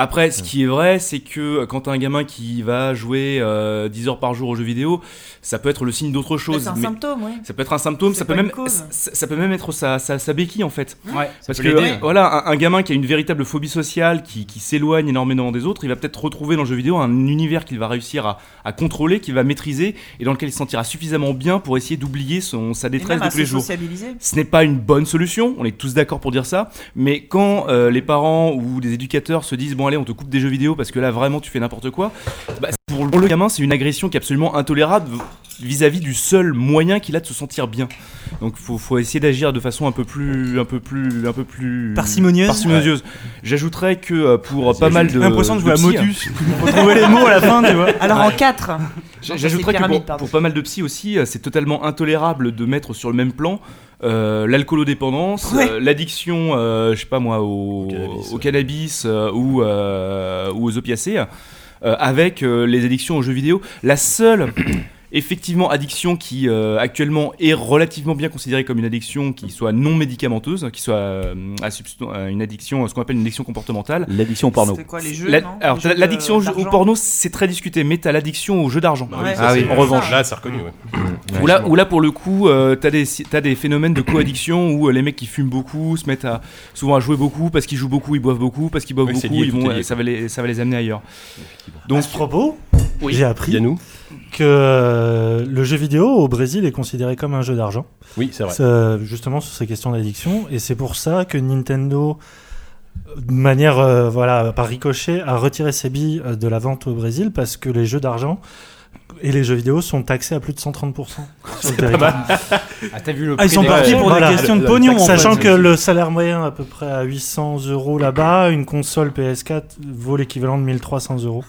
Speaker 10: Après, ce qui est vrai, c'est que euh, quand t'as un gamin qui va jouer euh, 10 heures par jour aux jeux vidéo, ça peut être le signe d'autre
Speaker 6: Mais
Speaker 10: chose.
Speaker 6: C'est un
Speaker 10: mais-
Speaker 6: symptôme, oui.
Speaker 10: ça peut être un symptôme,
Speaker 6: C'est
Speaker 10: ça
Speaker 6: pas
Speaker 10: peut,
Speaker 6: une
Speaker 10: même,
Speaker 6: cause.
Speaker 10: ça, ça peut même être sa, sa, sa béquille en fait.
Speaker 9: Ouais,
Speaker 10: Parce
Speaker 9: ça
Speaker 10: que
Speaker 9: peut l'aider.
Speaker 10: euh, voilà, un, un gamin qui a une véritable phobie sociale, qui, qui s'éloigne énormément des autres, il va peut-être retrouver dans le jeu vidéo un univers qu'il va réussir à, à contrôler, qu'il va maîtriser et dans lequel il se sentira suffisamment bien pour essayer d'oublier son, sa
Speaker 6: Et
Speaker 10: détresse
Speaker 6: même
Speaker 10: de
Speaker 6: à
Speaker 10: tous
Speaker 6: se
Speaker 10: les jours.
Speaker 6: sociabiliser.
Speaker 10: Ce n'est pas une bonne solution, on est tous d'accord pour dire ça, mais quand euh, les parents ou des éducateurs se disent bon allez on te coupe des jeux vidéo parce que là vraiment tu fais n'importe quoi, bah, pour le gamin c'est une agression qui est absolument intolérable vis-à-vis du seul moyen qu'il a de se sentir bien. Donc faut, faut essayer d'agir de façon un peu plus un peu plus un peu plus
Speaker 8: Parcimonieuse.
Speaker 10: parcimonieuse. J'ajouterais que euh, pour pas mal de
Speaker 8: J'ai l'impression de jouer à
Speaker 10: psy, hein.
Speaker 8: Motus. Faut trouver les mots à la fin, tu vois.
Speaker 6: Alors en 4.
Speaker 10: J- J'ajouterais que
Speaker 6: pyramide,
Speaker 10: pour,
Speaker 6: pardon.
Speaker 10: pour pas mal de psy aussi, euh, c'est totalement intolérable de mettre sur le même plan euh, l'alcoolodépendance,
Speaker 6: Ouais.
Speaker 10: euh, l'addiction, euh, je sais pas moi, au, au
Speaker 2: cannabis,
Speaker 10: cannabis,
Speaker 2: ouais.
Speaker 10: euh, ou, euh, ou aux opiacés, euh, avec euh, les addictions aux jeux vidéo. La seule effectivement addiction qui euh, actuellement est relativement bien considérée comme une addiction qui soit non médicamenteuse, qui soit euh, à substan- à une addiction, ce qu'on appelle une addiction comportementale,
Speaker 3: L'addiction au porno.
Speaker 6: C'est quoi les jeux
Speaker 10: la-
Speaker 6: non
Speaker 10: alors,
Speaker 6: Les jeux de-
Speaker 10: l'addiction au, jeu- au
Speaker 6: d'argent.
Speaker 10: porno, c'est très discuté, mais t'as l'addiction au jeu d'argent.
Speaker 6: Ouais.
Speaker 2: Ça, c'est-
Speaker 5: oui.
Speaker 2: En revanche, là, c'est
Speaker 7: Mm.
Speaker 2: reconnu. ouais.
Speaker 10: Où Ah là, où là, pour le coup, euh, t'as des, t'as des phénomènes de coaddiction où euh, les mecs qui fument beaucoup se mettent à, souvent à jouer beaucoup parce qu'ils jouent beaucoup, ils boivent beaucoup, parce qu'ils boivent
Speaker 2: Oui, c'est
Speaker 10: beaucoup,
Speaker 2: lié,
Speaker 10: ils
Speaker 2: tout est
Speaker 10: vont,
Speaker 2: lié,
Speaker 10: euh, ça, va les, ça va les amener ailleurs. Ah,
Speaker 8: Donc, à ce propos,
Speaker 10: Oui.
Speaker 8: j'ai appris
Speaker 2: Yannou
Speaker 8: que euh, le jeu vidéo au Brésil est considéré comme un jeu d'argent,
Speaker 2: Oui, c'est vrai.
Speaker 8: Ça, justement sur ces questions d'addiction, et c'est pour ça que Nintendo, de manière euh, voilà par ricochet, a retiré ses billes euh, de la vente au Brésil parce que les jeux d'argent et les jeux vidéo sont taxés à plus de 130% sur
Speaker 9: pas
Speaker 8: le territoire.
Speaker 9: mal. Ah, t'as vu le
Speaker 8: Ah, ils
Speaker 9: prix
Speaker 8: sont
Speaker 9: des-
Speaker 8: partis pour
Speaker 9: Voilà.
Speaker 8: des questions de
Speaker 9: Le-
Speaker 8: pognon.
Speaker 9: le-
Speaker 8: Sachant
Speaker 9: le-
Speaker 8: que le salaire moyen à peu près à 800 euros là-bas, une console PS4 vaut l'équivalent de 1300 euros.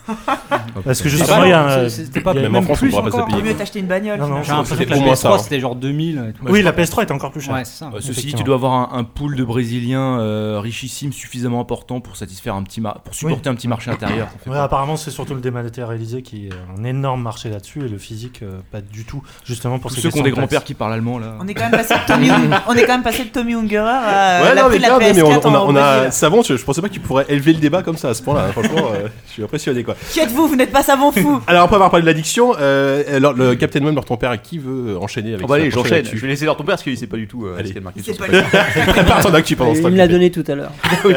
Speaker 8: Parce que
Speaker 9: Ah
Speaker 8: justement,
Speaker 9: bah
Speaker 8: il y
Speaker 9: non,
Speaker 8: a. un-
Speaker 9: c'est- c'était pas-
Speaker 8: il y a
Speaker 9: Même
Speaker 8: même
Speaker 9: en France, on
Speaker 8: plus
Speaker 9: pourra pas
Speaker 8: encore.
Speaker 9: s'appuyer.
Speaker 6: Vaut mieux t'acheter une bagnole, finalement.
Speaker 9: J'ai l'impression que la
Speaker 10: pour moi, ça,
Speaker 9: PS3
Speaker 10: hein.
Speaker 9: c'était genre 2000.
Speaker 8: Oui, la PS3 est encore plus chère.
Speaker 9: Ouais, c'est ça.
Speaker 10: Euh, ceci dit,
Speaker 8: Effectivement.
Speaker 10: tu dois avoir un, un pool de Brésiliens euh, richissimes suffisamment important pour satisfaire un petit mar- pour supporter
Speaker 8: Oui.
Speaker 10: un petit marché intérieur.
Speaker 8: Ouais, apparemment, c'est surtout le dématérialisé qui est un énorme marché là-dessus et le physique, euh, pas du tout. Justement pour
Speaker 10: Tous
Speaker 8: ces
Speaker 10: ceux qui
Speaker 8: questions
Speaker 10: ont des
Speaker 8: de taxes.
Speaker 10: grands-pères qui parlent allemand là.
Speaker 6: On est quand même passé de Tommy, on est quand même passé de Tommy Ungerer à
Speaker 2: Ouais,
Speaker 6: la,
Speaker 2: non, mais
Speaker 6: la
Speaker 2: grave,
Speaker 6: PS4
Speaker 2: mais on, on a,
Speaker 6: en
Speaker 2: on a-
Speaker 6: Brésil.
Speaker 2: savon, je, je pensais pas que tu pourrais élever le débat comme ça à ce point-là. hein. Franchement, euh, je suis impressionné quoi.
Speaker 6: Qui êtes-vous Vous n'êtes pas savant fou
Speaker 2: Alors, après avoir parlé de l'addiction, euh, alors, le Captain Web, leur ton père, qui veut enchaîner avec
Speaker 11: Ah bah
Speaker 2: ça
Speaker 11: allez,
Speaker 2: Prochaine
Speaker 11: j'enchaîne.
Speaker 2: actu.
Speaker 11: Je vais laisser leur ton père parce qu'il sait pas du tout euh, ce qu'il y a de marqué
Speaker 2: Il sait
Speaker 11: dessus.
Speaker 2: pas du tout. Prépare ton actu pendant ce temps,
Speaker 11: Il
Speaker 4: Il me l'a donné tout à l'heure.
Speaker 11: Oui.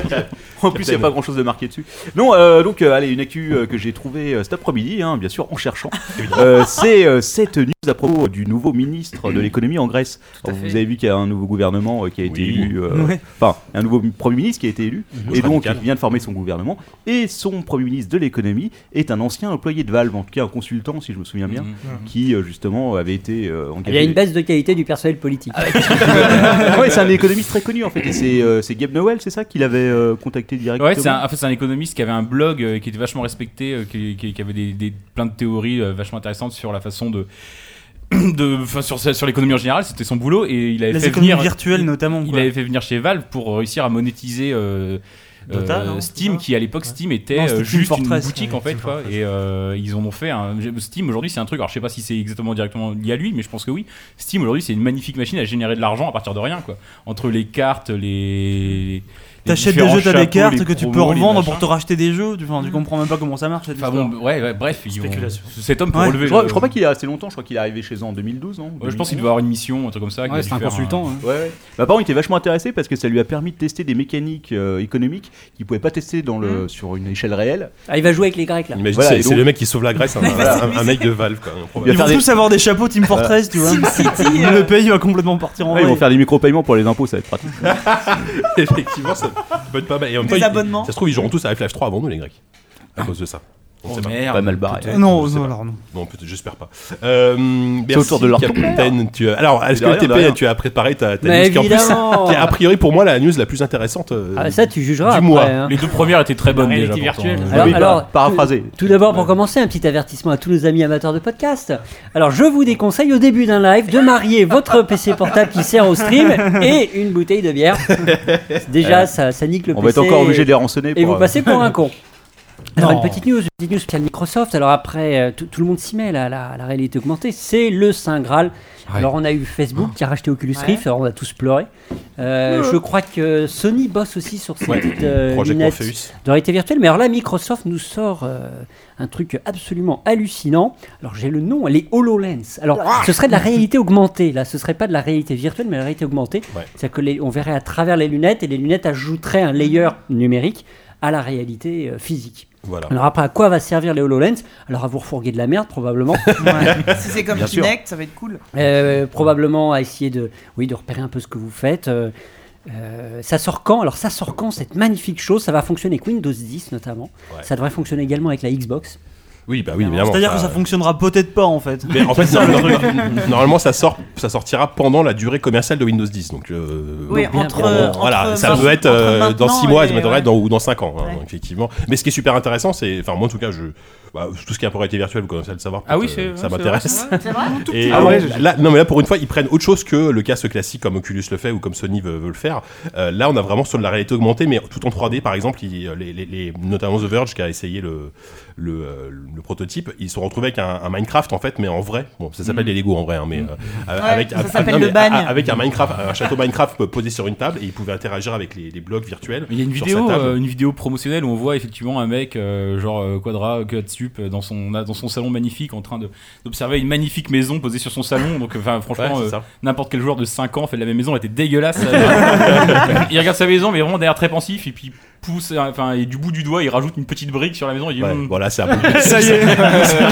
Speaker 11: en plus, il n'y a pas grand chose de marqué dessus. Non, euh, donc, euh, allez, une actu euh, que j'ai trouvée euh, cet après-midi, hein, bien sûr, en cherchant. Euh, c'est euh, cette news à propos du nouveau ministre de l'économie en Grèce. Alors, vous avez vu qu'il y a un nouveau gouvernement euh, qui a été élu, euh,
Speaker 12: Ouais.
Speaker 11: enfin, un nouveau premier ministre qui a été élu,
Speaker 12: Mhm.
Speaker 11: et donc
Speaker 12: Radical.
Speaker 11: il vient de former son gouvernement. Et son premier ministre de l'économie est un ancien employé de Valve, en tout cas un consultant, si je me souviens bien,
Speaker 4: Mhm.
Speaker 11: qui euh, justement avait été euh, engagé.
Speaker 4: Ah, Il y a une baisse de qualité du personnel politique.
Speaker 5: Ah
Speaker 11: ouais, c'est un économiste très connu en fait. Et c'est euh, c'est Gabe Noël, c'est ça qu'il avait euh, contacté directement.
Speaker 7: Ouais, c'est un, en fait, c'est un économiste qui avait un blog euh, qui était vachement respecté, euh, qui, qui- qui avait des, des- plein de théories euh, vachement intéressantes sur la façon de. de enfin, sur, sur l'économie en général, c'était son boulot et il avait
Speaker 12: Les
Speaker 7: fait
Speaker 12: économies
Speaker 7: venir.
Speaker 12: virtuelles, notamment,
Speaker 7: Il
Speaker 12: quoi.
Speaker 7: avait fait venir chez Valve pour réussir à monétiser. euh,
Speaker 12: Dota,
Speaker 7: euh,
Speaker 12: non, c'est
Speaker 7: Steam qui à l'époque Steam était,
Speaker 12: Non, c'était Team
Speaker 7: euh, juste une
Speaker 12: Fortress,
Speaker 7: boutique
Speaker 12: ouais,
Speaker 7: en fait
Speaker 12: Team
Speaker 7: quoi. et euh, ils en ont fait un Steam aujourd'hui c'est un truc alors je sais pas si c'est exactement directement lié à lui mais je pense que oui Steam aujourd'hui c'est une magnifique machine à générer de l'argent à partir de rien quoi entre les cartes les les
Speaker 12: T'achètes des
Speaker 7: différents
Speaker 12: jeux, t'as des
Speaker 7: chapeaux,
Speaker 12: cartes
Speaker 7: les
Speaker 12: que tu peux
Speaker 7: promos, les
Speaker 12: revendre
Speaker 7: machins.
Speaker 12: pour te racheter des jeux. Tu,
Speaker 8: Mm.
Speaker 12: enfin, tu comprends même pas comment ça marche. Cette
Speaker 7: Enfin bon,
Speaker 12: histoire.
Speaker 7: ouais, ouais, bref, ils ont- cet homme pour
Speaker 12: Ouais.
Speaker 7: relever.
Speaker 11: Je crois,
Speaker 7: le-
Speaker 11: je crois pas qu'il est resté longtemps, je crois qu'il est arrivé chez eux en 2012, non
Speaker 7: Ouais, je pense qu'il doit avoir une mission, un truc comme ça. qu'il a dû faire, hein.
Speaker 11: Ouais, ouais. Bah, par contre, il était vachement intéressé parce que ça lui a permis de tester des mécaniques euh, économiques qu'il pouvait pas tester dans
Speaker 7: Mmh.
Speaker 11: le, sur une échelle réelle.
Speaker 4: Ah, il va jouer avec les Grecs là.
Speaker 2: Imagine, c'est- c'est le mec qui sauve la Grèce, hein, un- un mec de Valve, quoi, improbable.
Speaker 12: Ils vont tous avoir des chapeaux Team Fortress, tu vois.
Speaker 8: euh,
Speaker 2: euh.
Speaker 12: Le pays va complètement partir en
Speaker 11: Ouais, ils
Speaker 12: vrille.
Speaker 11: vont faire des micro-paiements pour les impôts, ça va être pratique.
Speaker 2: Effectivement, ça peut être pas mal. Et en même
Speaker 12: Des
Speaker 2: temps, ils-
Speaker 12: abonnements.
Speaker 2: ça se trouve, ils joueront tous à Half-Life 3 avant nous, les Grecs. À cause de ça. On
Speaker 11: Oh
Speaker 2: sait
Speaker 11: merde. Pas mal barré.
Speaker 2: Peut-être,
Speaker 12: Non,
Speaker 2: je sais
Speaker 12: non,
Speaker 2: pas.
Speaker 12: alors non.
Speaker 2: Non, peut-être, j'espère pas. Euh, merci,
Speaker 11: autour de leur
Speaker 2: Captain.
Speaker 11: tour.
Speaker 2: Tu as- Alors, est-ce que
Speaker 11: Derrière,
Speaker 2: le TP,
Speaker 11: derrière.
Speaker 2: tu as préparé ta, ta
Speaker 4: Mais
Speaker 2: news qui, en plus,
Speaker 4: évidemment.
Speaker 2: qui est a priori pour moi la news la plus intéressante euh,
Speaker 4: Ah, ça, tu jugeras
Speaker 2: du mois.
Speaker 4: après, hein. Ah,
Speaker 7: Les deux premières étaient très bonnes déjà. pourtant.
Speaker 4: Alors, alors,
Speaker 11: bah,
Speaker 2: bah,
Speaker 11: paraphrasé.
Speaker 4: Tout, tout d'abord, pour commencer, un petit avertissement à tous nos amis amateurs de podcast. Alors, je vous déconseille au début d'un live de marier votre PC portable qui sert au stream et une bouteille de bière. Déjà,
Speaker 11: Euh,
Speaker 4: ça, ça nique le
Speaker 11: on va
Speaker 4: PC.
Speaker 11: être encore
Speaker 4: et-
Speaker 11: obligé de les rançonner
Speaker 4: Et
Speaker 11: pour,
Speaker 4: vous
Speaker 11: euh,
Speaker 4: passez pour un con. Alors,
Speaker 11: Non.
Speaker 4: une petite news, une petite news spéciale Microsoft. Alors, après, euh, tout, tout le monde s'y met, là, la, la réalité augmentée. C'est le Saint Graal. Alors, on a eu Facebook
Speaker 11: Oh.
Speaker 4: qui a racheté Oculus
Speaker 12: Ouais.
Speaker 4: Rift. Alors, on a tous pleuré. Euh,
Speaker 12: Ouais.
Speaker 4: Je crois que Sony bosse aussi sur ces
Speaker 2: Ouais.
Speaker 4: petites euh,
Speaker 2: Projet
Speaker 4: lunettes
Speaker 2: Morpheus.
Speaker 4: de réalité virtuelle. Mais alors là, Microsoft nous sort euh, un truc absolument hallucinant. Alors j'ai le nom, les HoloLens. Alors
Speaker 12: Ah.
Speaker 4: ce serait de la réalité augmentée. Là, ce serait pas de la réalité virtuelle, mais de la réalité augmentée.
Speaker 2: Ouais.
Speaker 4: C'est-à-dire que les- on verrait à travers les lunettes et les lunettes ajouteraient un layer numérique à la réalité euh, physique.
Speaker 2: Voilà.
Speaker 4: Alors après, à quoi va servir les HoloLens Alors à vous refourguer de la merde probablement.
Speaker 6: Si c'est comme
Speaker 4: Bien sûr.
Speaker 6: Kinect, ça va être cool.
Speaker 4: Euh, probablement à essayer de, oui, de repérer un peu ce que vous faites. Euh, euh, ça sort quand Alors ça sort quand cette magnifique chose Ça va fonctionner avec Windows 10 notamment.
Speaker 2: Ouais.
Speaker 4: Ça devrait fonctionner également avec la Xbox.
Speaker 2: Oui, bah oui, évidemment.
Speaker 12: C'est-à-dire que ça fonctionnera peut-être pas en fait.
Speaker 2: Mais en fait,
Speaker 12: C'est ça, le
Speaker 2: non,
Speaker 12: truc.
Speaker 2: non, non, normalement, ça, sort, ça sortira pendant la durée commerciale de Windows 10. Donc, euh,
Speaker 6: Oui,
Speaker 2: donc,
Speaker 6: entre-
Speaker 2: euh,
Speaker 6: entre
Speaker 2: voilà, ça
Speaker 6: mars-
Speaker 2: peut être
Speaker 6: entre
Speaker 2: euh, dans
Speaker 6: maintenant
Speaker 2: 6 mois,
Speaker 6: et-
Speaker 2: ça peut être
Speaker 6: ouais.
Speaker 2: dans, ou dans 5 ans, hein, effectivement. Mais ce qui est super intéressant, c'est. Enfin, moi, en tout cas, je. bah, tout ce qui est pour été virtuelle, vous commencez à le savoir.
Speaker 7: Ah
Speaker 2: donc,
Speaker 7: oui, c'est-
Speaker 2: ça
Speaker 7: ouais, c'est
Speaker 2: m'intéresse.
Speaker 7: vrai, c'est vrai. C'est vrai, tout
Speaker 2: Et euh,
Speaker 7: petit. Ah ouais,
Speaker 2: là, non, mais là, pour une fois, ils prennent autre chose que le casque classique comme Oculus le fait ou comme Sony veut, veut le faire. Euh, là, on a vraiment sur de la réalité augmentée, mais tout en 3D, par exemple, ils- les, les- les- notamment The Verge qui a essayé le, le, euh, le prototype, ils se sont retrouvés avec un, un Minecraft en fait, mais en vrai. Bon, ça s'appelle des Lego en vrai, hein, mais euh, avec,
Speaker 6: ça
Speaker 2: avec-
Speaker 6: s'appelle
Speaker 2: non,
Speaker 6: le
Speaker 2: mais
Speaker 6: bagne.
Speaker 2: a- avec un Minecraft, un château Minecraft posé sur une table et ils pouvaient interagir avec les, les blocs virtuels.
Speaker 7: Il y a une
Speaker 2: sur
Speaker 7: vidéo,
Speaker 2: sa table.
Speaker 7: euh, une vidéo promotionnelle où on voit effectivement un mec, euh, genre euh, Quadra Kutsup, dans son, dans son salon magnifique, en train de- d'observer une magnifique maison posée sur son salon. Donc, enfin, franchement,
Speaker 2: Ouais, c'est
Speaker 7: euh,
Speaker 2: ça.
Speaker 7: n'importe quel joueur de 5 ans fait de la même maison, elle était dégueulasse. Euh, il regarde sa maison, mais vraiment derrière très pensif, et puis il pousse, euh, enfin, et du bout du doigt, il rajoute une petite brique sur la maison. Il dit,
Speaker 2: Ouais,
Speaker 7: Hum,
Speaker 2: voilà, c'est un
Speaker 7: Ça y est,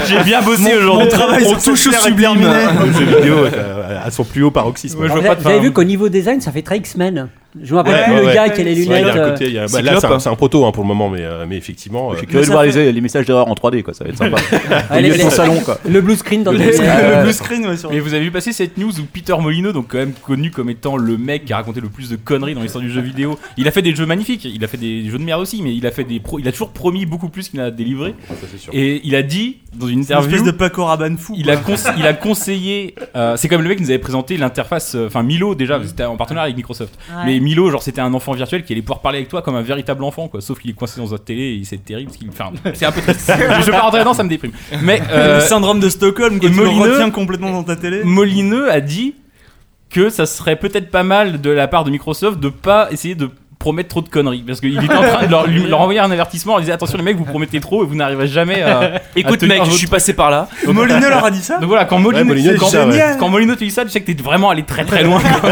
Speaker 7: j'ai bien bossé aujourd'hui.
Speaker 2: On touche au sublime. Les jeux vidéo euh, à son plus haut paroxysme.
Speaker 4: Alors, vous, avez, vous avez vu qu'au niveau design, ça fait très X-Men. Je me rappelle plus le gars qui a les
Speaker 2: Ouais, il y
Speaker 4: lunettes.
Speaker 2: a un
Speaker 4: euh,
Speaker 2: côté, il y a- bah,
Speaker 11: Cyclope,
Speaker 2: là, c'est un,
Speaker 11: hein.
Speaker 2: c'est un proto hein, pour le moment, mais, euh, mais effectivement.
Speaker 11: Je suis curieux de voir les, les messages d'erreur en 3D, quoi. Ça va être sympa. Au
Speaker 4: les-
Speaker 11: milieu de
Speaker 4: les-
Speaker 11: son salon, quoi.
Speaker 4: Le blue screen dans le
Speaker 7: Mais vous avez vu passer cette news où Peter Molino, donc quand même connu comme étant le mec qui a raconté le plus de conneries dans l'histoire du jeu vidéo, il a fait des jeux magnifiques, il a fait des jeux de merde aussi, mais il a fait des pro- il a toujours promis beaucoup plus qu'il n'a délivré. Et il a dit dans une
Speaker 12: C'est une
Speaker 7: interview,
Speaker 12: espèce de Paco Rabanne fou,
Speaker 7: Il
Speaker 12: quoi.
Speaker 7: a, conse- il a conseillé, euh, c'est comme le mec qui nous avait présenté l'interface, euh, enfin Milo déjà, c'était en partenariat avec Microsoft.
Speaker 12: Ouais.
Speaker 7: Mais Milo, genre c'était un enfant virtuel qui allait pouvoir parler avec toi comme un véritable enfant, quoi. Sauf qu'il est coincé dans sa télé, et c'est terrible, parce qu'il- enfin, c'est un peu triste. je vais pas rentrer dedans, ça me déprime. Mais
Speaker 12: Le syndrome de Stockholm, quoi,
Speaker 7: et
Speaker 12: tu le
Speaker 7: Molineux-
Speaker 12: retiens complètement dans ta télé.
Speaker 7: Molineux a dit que ça serait peut-être pas mal de la part de Microsoft de pas essayer de promettre trop de conneries parce qu'il était en train de leur, lui- leur envoyer un avertissement en disant attention les mecs vous promettez trop et vous n'arrivez jamais euh, à
Speaker 12: Écoute, mec, je suis
Speaker 7: passé par là
Speaker 12: Molineux leur a dit ça
Speaker 7: donc voilà quand Molineux,
Speaker 12: Ouais, Molineux dit
Speaker 7: quand,
Speaker 12: ça, ouais. Génial.
Speaker 7: quand Molineux te dit ça tu sais que t'es vraiment allé très très loin quoi.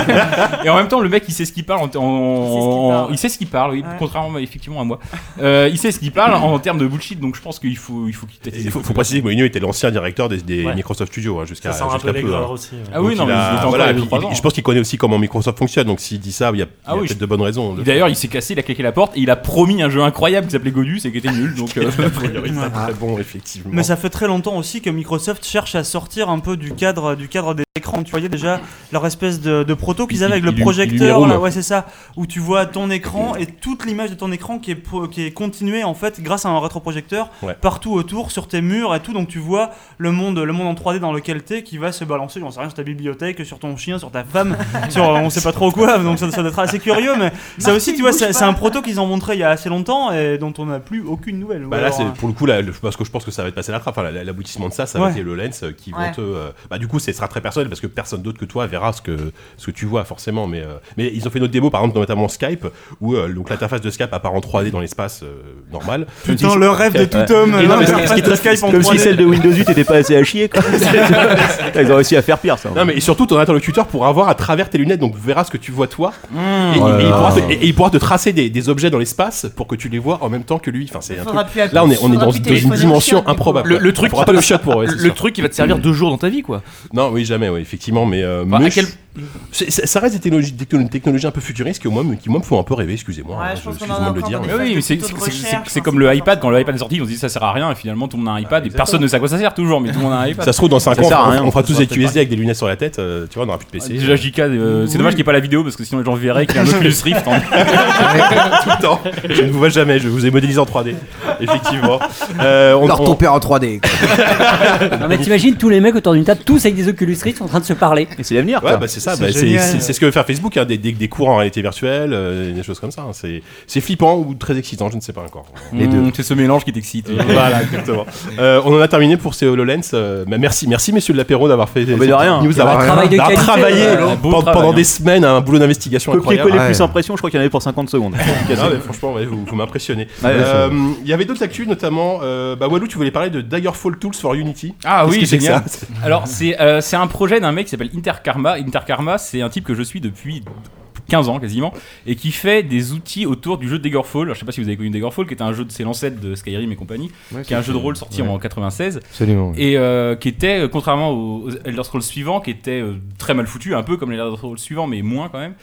Speaker 7: et en même temps le mec il sait ce qu'il parle en- en- il sait ce qu'il parle oui, contrairement bah, effectivement à moi Euh, il sait ce qu'il parle en termes de bullshit donc je pense qu'il faut il faut qu'il teste
Speaker 2: Il faut, faut préciser que Mourinho était l'ancien directeur des, des
Speaker 7: Ouais.
Speaker 2: Microsoft Studios hein, jusqu'à
Speaker 7: Ça sent un
Speaker 2: jusqu'à
Speaker 7: peu
Speaker 2: peu,
Speaker 7: l'aigreur
Speaker 2: hein.
Speaker 7: aussi, ouais.
Speaker 2: Donc
Speaker 7: Ah oui, non,
Speaker 2: il
Speaker 7: mais
Speaker 2: a-
Speaker 7: il était encore
Speaker 2: voilà,
Speaker 7: il y a
Speaker 2: puis
Speaker 7: deux, trois
Speaker 2: il-
Speaker 7: ans.
Speaker 2: Je pense qu'il connaît aussi comment Microsoft fonctionne, donc s'il dit ça, il y a, il y
Speaker 7: Ah
Speaker 2: a
Speaker 7: oui,
Speaker 2: peut-être
Speaker 7: je-
Speaker 2: de bonnes raisons.
Speaker 7: Et D'ailleurs, il s'est cassé, il a claqué la porte et il a promis un jeu incroyable qui s'appelait Godus et qui était nul. Donc, euh,
Speaker 2: A priori, pas très bon, effectivement.
Speaker 12: Mais ça fait très longtemps aussi que Microsoft cherche à sortir un peu du cadre du cadre des écrans. Tu voyais déjà leur espèce de, de proto qu'ils avaient avec le
Speaker 2: Illu-
Speaker 12: projecteur,
Speaker 2: Illumiroom.
Speaker 12: là, ouais c'est ça, où tu vois ton écran et toute l'image de ton écran qui est pro- qui est continuée en fait grâce à un rétroprojecteur
Speaker 2: Ouais.
Speaker 12: partout autour sur tes murs et tout. Donc tu vois le monde le monde en 3D dans lequel t'es qui va se balancer, j'en sais rien, sur ta bibliothèque, sur ton chien, sur ta femme, sur euh, on sait pas trop quoi. Donc ça, ça doit être assez curieux, mais ça aussi tu vois c'est c'est un proto qu'ils ont montré il y a assez longtemps et dont on n'a plus aucune nouvelle. Ou
Speaker 2: Bah là,
Speaker 12: alors,
Speaker 2: c'est
Speaker 12: euh,
Speaker 2: pour le coup, là, le- parce que je pense que ça va être passé à la trappe. Enfin, la- la- L'aboutissement de ça, ça va
Speaker 12: Ouais.
Speaker 2: être le lens euh, qui
Speaker 12: Ouais.
Speaker 2: vont te. euh, bah, du coup, ce sera très personnel parce que personne d'autre que toi verra ce que, ce que tu vois, forcément. Mais, euh, mais ils ont fait notre démo, par exemple, notamment Skype, où euh, donc l'interface de Skype apparaît en 3D dans l'espace euh, normal.
Speaker 12: Putain, le rêve de tout
Speaker 2: Ouais.
Speaker 12: homme,
Speaker 2: Et non, mais ce qui-
Speaker 12: l'interface
Speaker 2: ce qui est
Speaker 12: de
Speaker 2: très-
Speaker 12: Skype en
Speaker 11: Comme
Speaker 12: 3D.
Speaker 11: si celle de Windows 8 était pas assez à chier, quoi. Ils ont réussi à faire pire, ça.
Speaker 2: Non mais et surtout ton interlocuteur pourra voir à travers tes lunettes donc verra ce que tu vois toi
Speaker 10: Hmm.
Speaker 2: et,
Speaker 11: Oh là
Speaker 2: et il
Speaker 11: là.
Speaker 2: pourra te, et- et il pourra te tracer des, des objets dans l'espace pour que tu les vois en même temps que lui. Enfin c'est un
Speaker 10: Faudra
Speaker 2: truc.
Speaker 10: plus appeler-
Speaker 2: Là on est on est
Speaker 10: faudra
Speaker 2: dans,
Speaker 10: plus
Speaker 2: dans une
Speaker 10: téléphoner au
Speaker 2: dimension
Speaker 10: chiotte, du coup.
Speaker 2: improbable.
Speaker 10: Le-
Speaker 2: quoi.
Speaker 10: le truc-
Speaker 2: On fera pas le shot pour ouais,
Speaker 10: le
Speaker 2: c'est sûr. Hmm.
Speaker 10: truc qui va te servir deux jours dans ta vie quoi.
Speaker 2: Non oui jamais oui effectivement mais, euh,
Speaker 10: Enfin, à
Speaker 2: mais
Speaker 10: quel-
Speaker 2: je- c'est- ça ça reste des technologies, des techno- technologies un peu futuristes qui moi me, qui moi me font un peu rêver excusez-moi.
Speaker 6: Ouais,
Speaker 2: hein,
Speaker 6: je pense qu'on en a
Speaker 2: excusez-moi de le
Speaker 6: encore
Speaker 2: dire.
Speaker 6: dans
Speaker 2: mais-
Speaker 7: Mais Ah oui, mais c'est,
Speaker 6: plutôt de
Speaker 7: c'est- c'est-
Speaker 6: recherche,
Speaker 7: c'est comme le iPad. Quand le iPad est sorti, on se dit ça sert à rien. Et finalement, tout le monde a un iPad et personne ne sait à quoi ça sert. Toujours, mais tout le monde a un iPad.
Speaker 2: Ça se trouve dans 5
Speaker 7: Ça
Speaker 2: ans on
Speaker 7: sert à
Speaker 2: fera-
Speaker 7: rien,
Speaker 2: on fera
Speaker 7: ça
Speaker 2: tous
Speaker 7: sera
Speaker 2: des
Speaker 7: peut-être
Speaker 2: QSD avec des lunettes sur la tête euh, tu vois on n'aura plus
Speaker 10: Ah,
Speaker 2: de PC.
Speaker 7: Déjà, JK, euh, c'est
Speaker 2: Oui.
Speaker 7: dommage qu'il n'y ait pas la vidéo parce que sinon les gens verraient qu'il y a un Oculus Rift. en-
Speaker 2: tout le temps. Je ne vous vois jamais, je vous ai modélisé en 3D. Effectivement. Euh, on,
Speaker 5: Alors, ton père en
Speaker 2: 3D.
Speaker 4: Non, mais t'imagines tous les mecs autour d'une table, tous avec des Oculus Rift en train de se parler.
Speaker 11: Et c'est l'avenir.
Speaker 2: Ouais, bah, c'est ça, bah, c'est c'est- c'est ce que veut faire Facebook, hein, des, des- des cours en réalité virtuelle, euh, des choses comme ça. hein. C'est c'est flippant ou très excitant, je ne sais pas encore.
Speaker 7: Les deux. Mmh, c'est ce mélange qui t'excite.
Speaker 2: voilà, exactement. Euh, on en a terminé pour ces HoloLens. euh, bah, merci, merci messieurs de l'apéro d'avoir fait
Speaker 11: Ah, mais de
Speaker 2: cette
Speaker 11: rien.
Speaker 2: news,
Speaker 11: De
Speaker 2: d'avoir
Speaker 11: rien.
Speaker 2: travaillé,
Speaker 11: Travail de qualité, ouais.
Speaker 2: pendant,
Speaker 11: Beau
Speaker 2: pendant
Speaker 11: travail, hein.
Speaker 2: des semaines, un boulot d'investigation incroyable.
Speaker 11: Copier-coller plus impression, je crois qu'il y en avait pour 50 secondes.
Speaker 2: Non, Ah, mais franchement, ouais, vous, vous m'impressionnez.
Speaker 11: Ouais, ouais,
Speaker 2: Euh, Il y avait d'autres actus, notamment, euh, bah, Walou, tu voulais parler de Daggerfall Tools for Unity.
Speaker 7: Ah
Speaker 2: Qu'est-ce
Speaker 7: oui,
Speaker 2: que c'est que
Speaker 7: génial.
Speaker 2: ça
Speaker 7: Alors, c'est euh, c'est un projet d'un mec qui s'appelle Interkarma. Interkarma, c'est un type que je suis depuis 15 ans quasiment et qui fait des outils autour du jeu Daggerfall. Alors, je sais pas si vous avez connu Daggerfall, qui était un jeu de ses l'ancêtre de Skyrim et compagnie,
Speaker 5: Ouais,
Speaker 7: qui est un
Speaker 5: c'est-
Speaker 7: jeu de rôle sorti
Speaker 5: ouais.
Speaker 7: en 96
Speaker 5: Absolument, ouais.
Speaker 7: et euh, qui était euh, contrairement aux aux Elder Scrolls suivants, qui était euh, très mal foutu, un peu comme les Elder Scrolls suivants, mais moins quand même.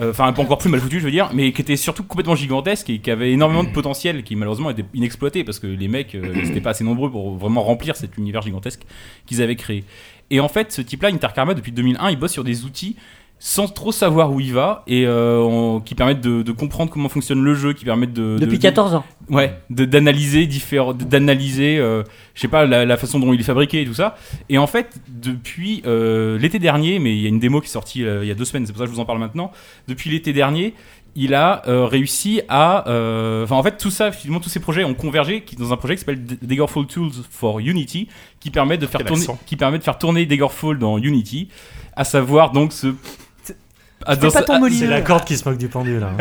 Speaker 7: Euh, Enfin, pas encore plus mal foutu, je veux dire, mais qui était surtout complètement gigantesque et qui avait énormément de potentiel, qui malheureusement était inexploité parce que les mecs euh, ils étaient pas assez nombreux pour vraiment remplir cet univers gigantesque qu'ils avaient créé. Et en fait, ce type-là, Interkarma, depuis 2001, il bosse sur des outils sans trop savoir où il va et euh, on- qui permettent de, de comprendre comment fonctionne le jeu, qui permettent de de-
Speaker 4: Depuis
Speaker 7: de-
Speaker 4: 14 ans.
Speaker 7: Ouais, de- d'analyser différents, de- d'analyser, euh, je sais pas, la, la façon dont il est fabriqué et tout ça. Et en fait, depuis euh, l'été dernier, mais il y a une démo qui est sortie euh, il y a deux semaines, c'est pour ça que je vous en parle maintenant. Depuis l'été dernier, il a euh, réussi à, euh, enfin en fait tout ça, finalement tous ces projets ont convergé qui- dans un projet qui s'appelle D- Daggerfall Tools for Unity, qui permet de faire
Speaker 2: Quel
Speaker 7: tourner,
Speaker 2: accent.
Speaker 7: qui permet de faire tourner Daggerfall dans Unity, à savoir donc ce ah,
Speaker 8: Fais
Speaker 7: dans
Speaker 8: pas
Speaker 7: ce-
Speaker 8: ton
Speaker 7: ah,
Speaker 8: Molineux, C'est la là. corde qui se moque du pendu, là.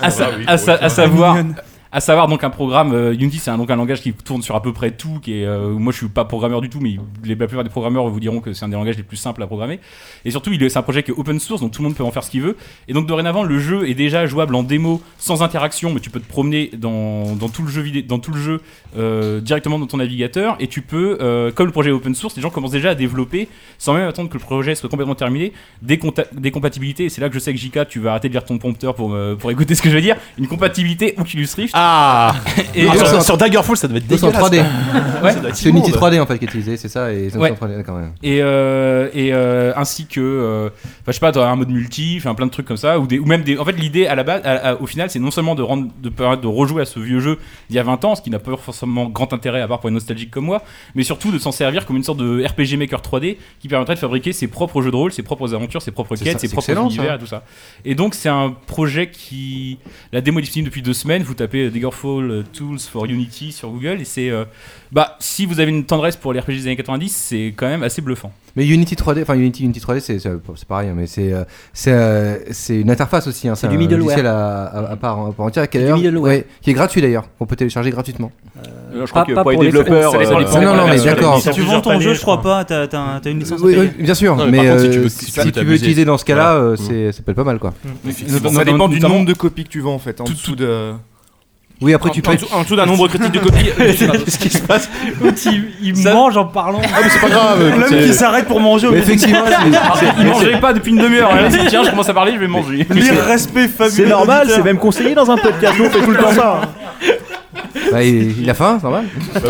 Speaker 7: à,
Speaker 8: Ah, Ça
Speaker 7: sa-
Speaker 8: va, oui,
Speaker 7: à sa-
Speaker 8: pour
Speaker 7: à
Speaker 8: autant.
Speaker 7: savoir,
Speaker 8: Mignonne.
Speaker 7: À savoir donc un programme euh, Unity, c'est un, donc un langage qui tourne sur à peu près tout. Qui est, euh, moi, je suis pas programmeur du tout, mais les, la plupart des programmeurs vous diront que c'est un des langages les plus simples à programmer. Et surtout, il est- c'est un projet qui est open source, donc tout le monde peut en faire ce qu'il veut. Et donc dorénavant, le jeu est déjà jouable en démo, sans interaction, mais tu peux te promener dans, dans tout le jeu vidéo, dans tout le jeu euh, directement dans ton navigateur. Et tu peux, euh, comme le projet est open source, les gens commencent déjà à développer sans même attendre que le projet soit complètement terminé des, compta- des compatibilités. Et c'est là que je sais que JK, tu vas arrêter de lire ton prompteur pour, me- pour écouter ce que je veux dire. Une compatibilité Oculus Rift. Ah
Speaker 2: Ah, sur- sur Daggerfall, ça devait être
Speaker 5: Deux en
Speaker 2: dégueulasse,
Speaker 5: 3D.
Speaker 2: quoi. Ouais. Ça doit être
Speaker 5: C'est Unity
Speaker 2: immonde.
Speaker 5: 3D en fait qui est utilisé, c'est ça et
Speaker 7: Ouais.
Speaker 5: 3D, d'accord, ouais.
Speaker 7: Et, euh, et euh, ainsi que, euh, enfin, je sais pas, t'aurais un mode multi, enfin plein de trucs comme ça, ou, des, ou même des. En fait, l'idée à la base, à- à- au final, c'est non seulement de rendre, de permettre de rejouer à ce vieux jeu d'il y a 20 ans, ce qui n'a pas forcément grand intérêt à part pour les nostalgiques comme moi, mais surtout de s'en servir comme une sorte de RPG Maker 3D qui permettrait de fabriquer ses propres jeux de rôle, ses propres aventures, ses propres
Speaker 11: C'est
Speaker 7: quêtes,
Speaker 11: ça,
Speaker 7: ses
Speaker 11: c'est
Speaker 7: propres
Speaker 11: excellent, ça.
Speaker 7: univers, et tout ça. Et donc, c'est un projet qui. La démo est disponible depuis deux semaines. Vous tapez euh, Daggerfall euh, Tools for Unity sur Google. Et c'est. euh, bah, si vous avez une tendresse pour les RPG des années 90, c'est quand même assez bluffant.
Speaker 5: Mais Unity 3D, enfin Unity, Unity 3D, c'est- c'est c'est pareil, hein, mais c'est euh, c'est euh, c'est une interface aussi. Hein,
Speaker 4: C'est du
Speaker 5: un
Speaker 4: middleware.
Speaker 5: logiciel à, à, à part, à part entière, qui, est
Speaker 4: C'est du
Speaker 5: d'ailleurs-
Speaker 4: middleware.
Speaker 5: ouais, qui est gratuit d'ailleurs, qu'on peut télécharger gratuitement.
Speaker 11: Euh, je crois que pour les développeurs,
Speaker 5: ça dépend des
Speaker 11: euh,
Speaker 5: non, non, mais
Speaker 11: versions.
Speaker 5: d'accord.
Speaker 12: Si tu vends ton jeu, je crois pas, t'as t'as un- t'as une licence à
Speaker 5: Oui,
Speaker 12: payer.
Speaker 5: oui, bien sûr, mais, euh, si tu veux, utiliser dans ce cas-là, euh, c'est- ça peut être pas mal quoi.
Speaker 11: Mm.
Speaker 2: Effectivement.
Speaker 10: Ça dépend du
Speaker 2: Notamment-
Speaker 10: nombre de copies que tu vends en fait. En dessous de.
Speaker 5: Oui, après,
Speaker 10: En-
Speaker 5: tu
Speaker 10: en
Speaker 5: payes.
Speaker 10: dessous- En dessous d'un nombre critique de copies. euh,
Speaker 5: Ce qui se passe.
Speaker 9: il mange en parlant.
Speaker 10: Ah, mais c'est pas grave, L'homme écoute, qui euh, s'arrête pour manger au Mais milieu de- effectivement, c'est-
Speaker 7: il mangeait pas depuis une demi-heure. hein. Il s'est dit, Tiens, je commence à parler, je vais manger.
Speaker 12: L'irrespect fabuleux.
Speaker 11: C'est normal,
Speaker 12: de
Speaker 11: c'est
Speaker 12: Peter.
Speaker 11: même conseillé dans un podcast. Nous, on fait tout le temps ça.
Speaker 5: Bah, il, il a faim, c'est normal.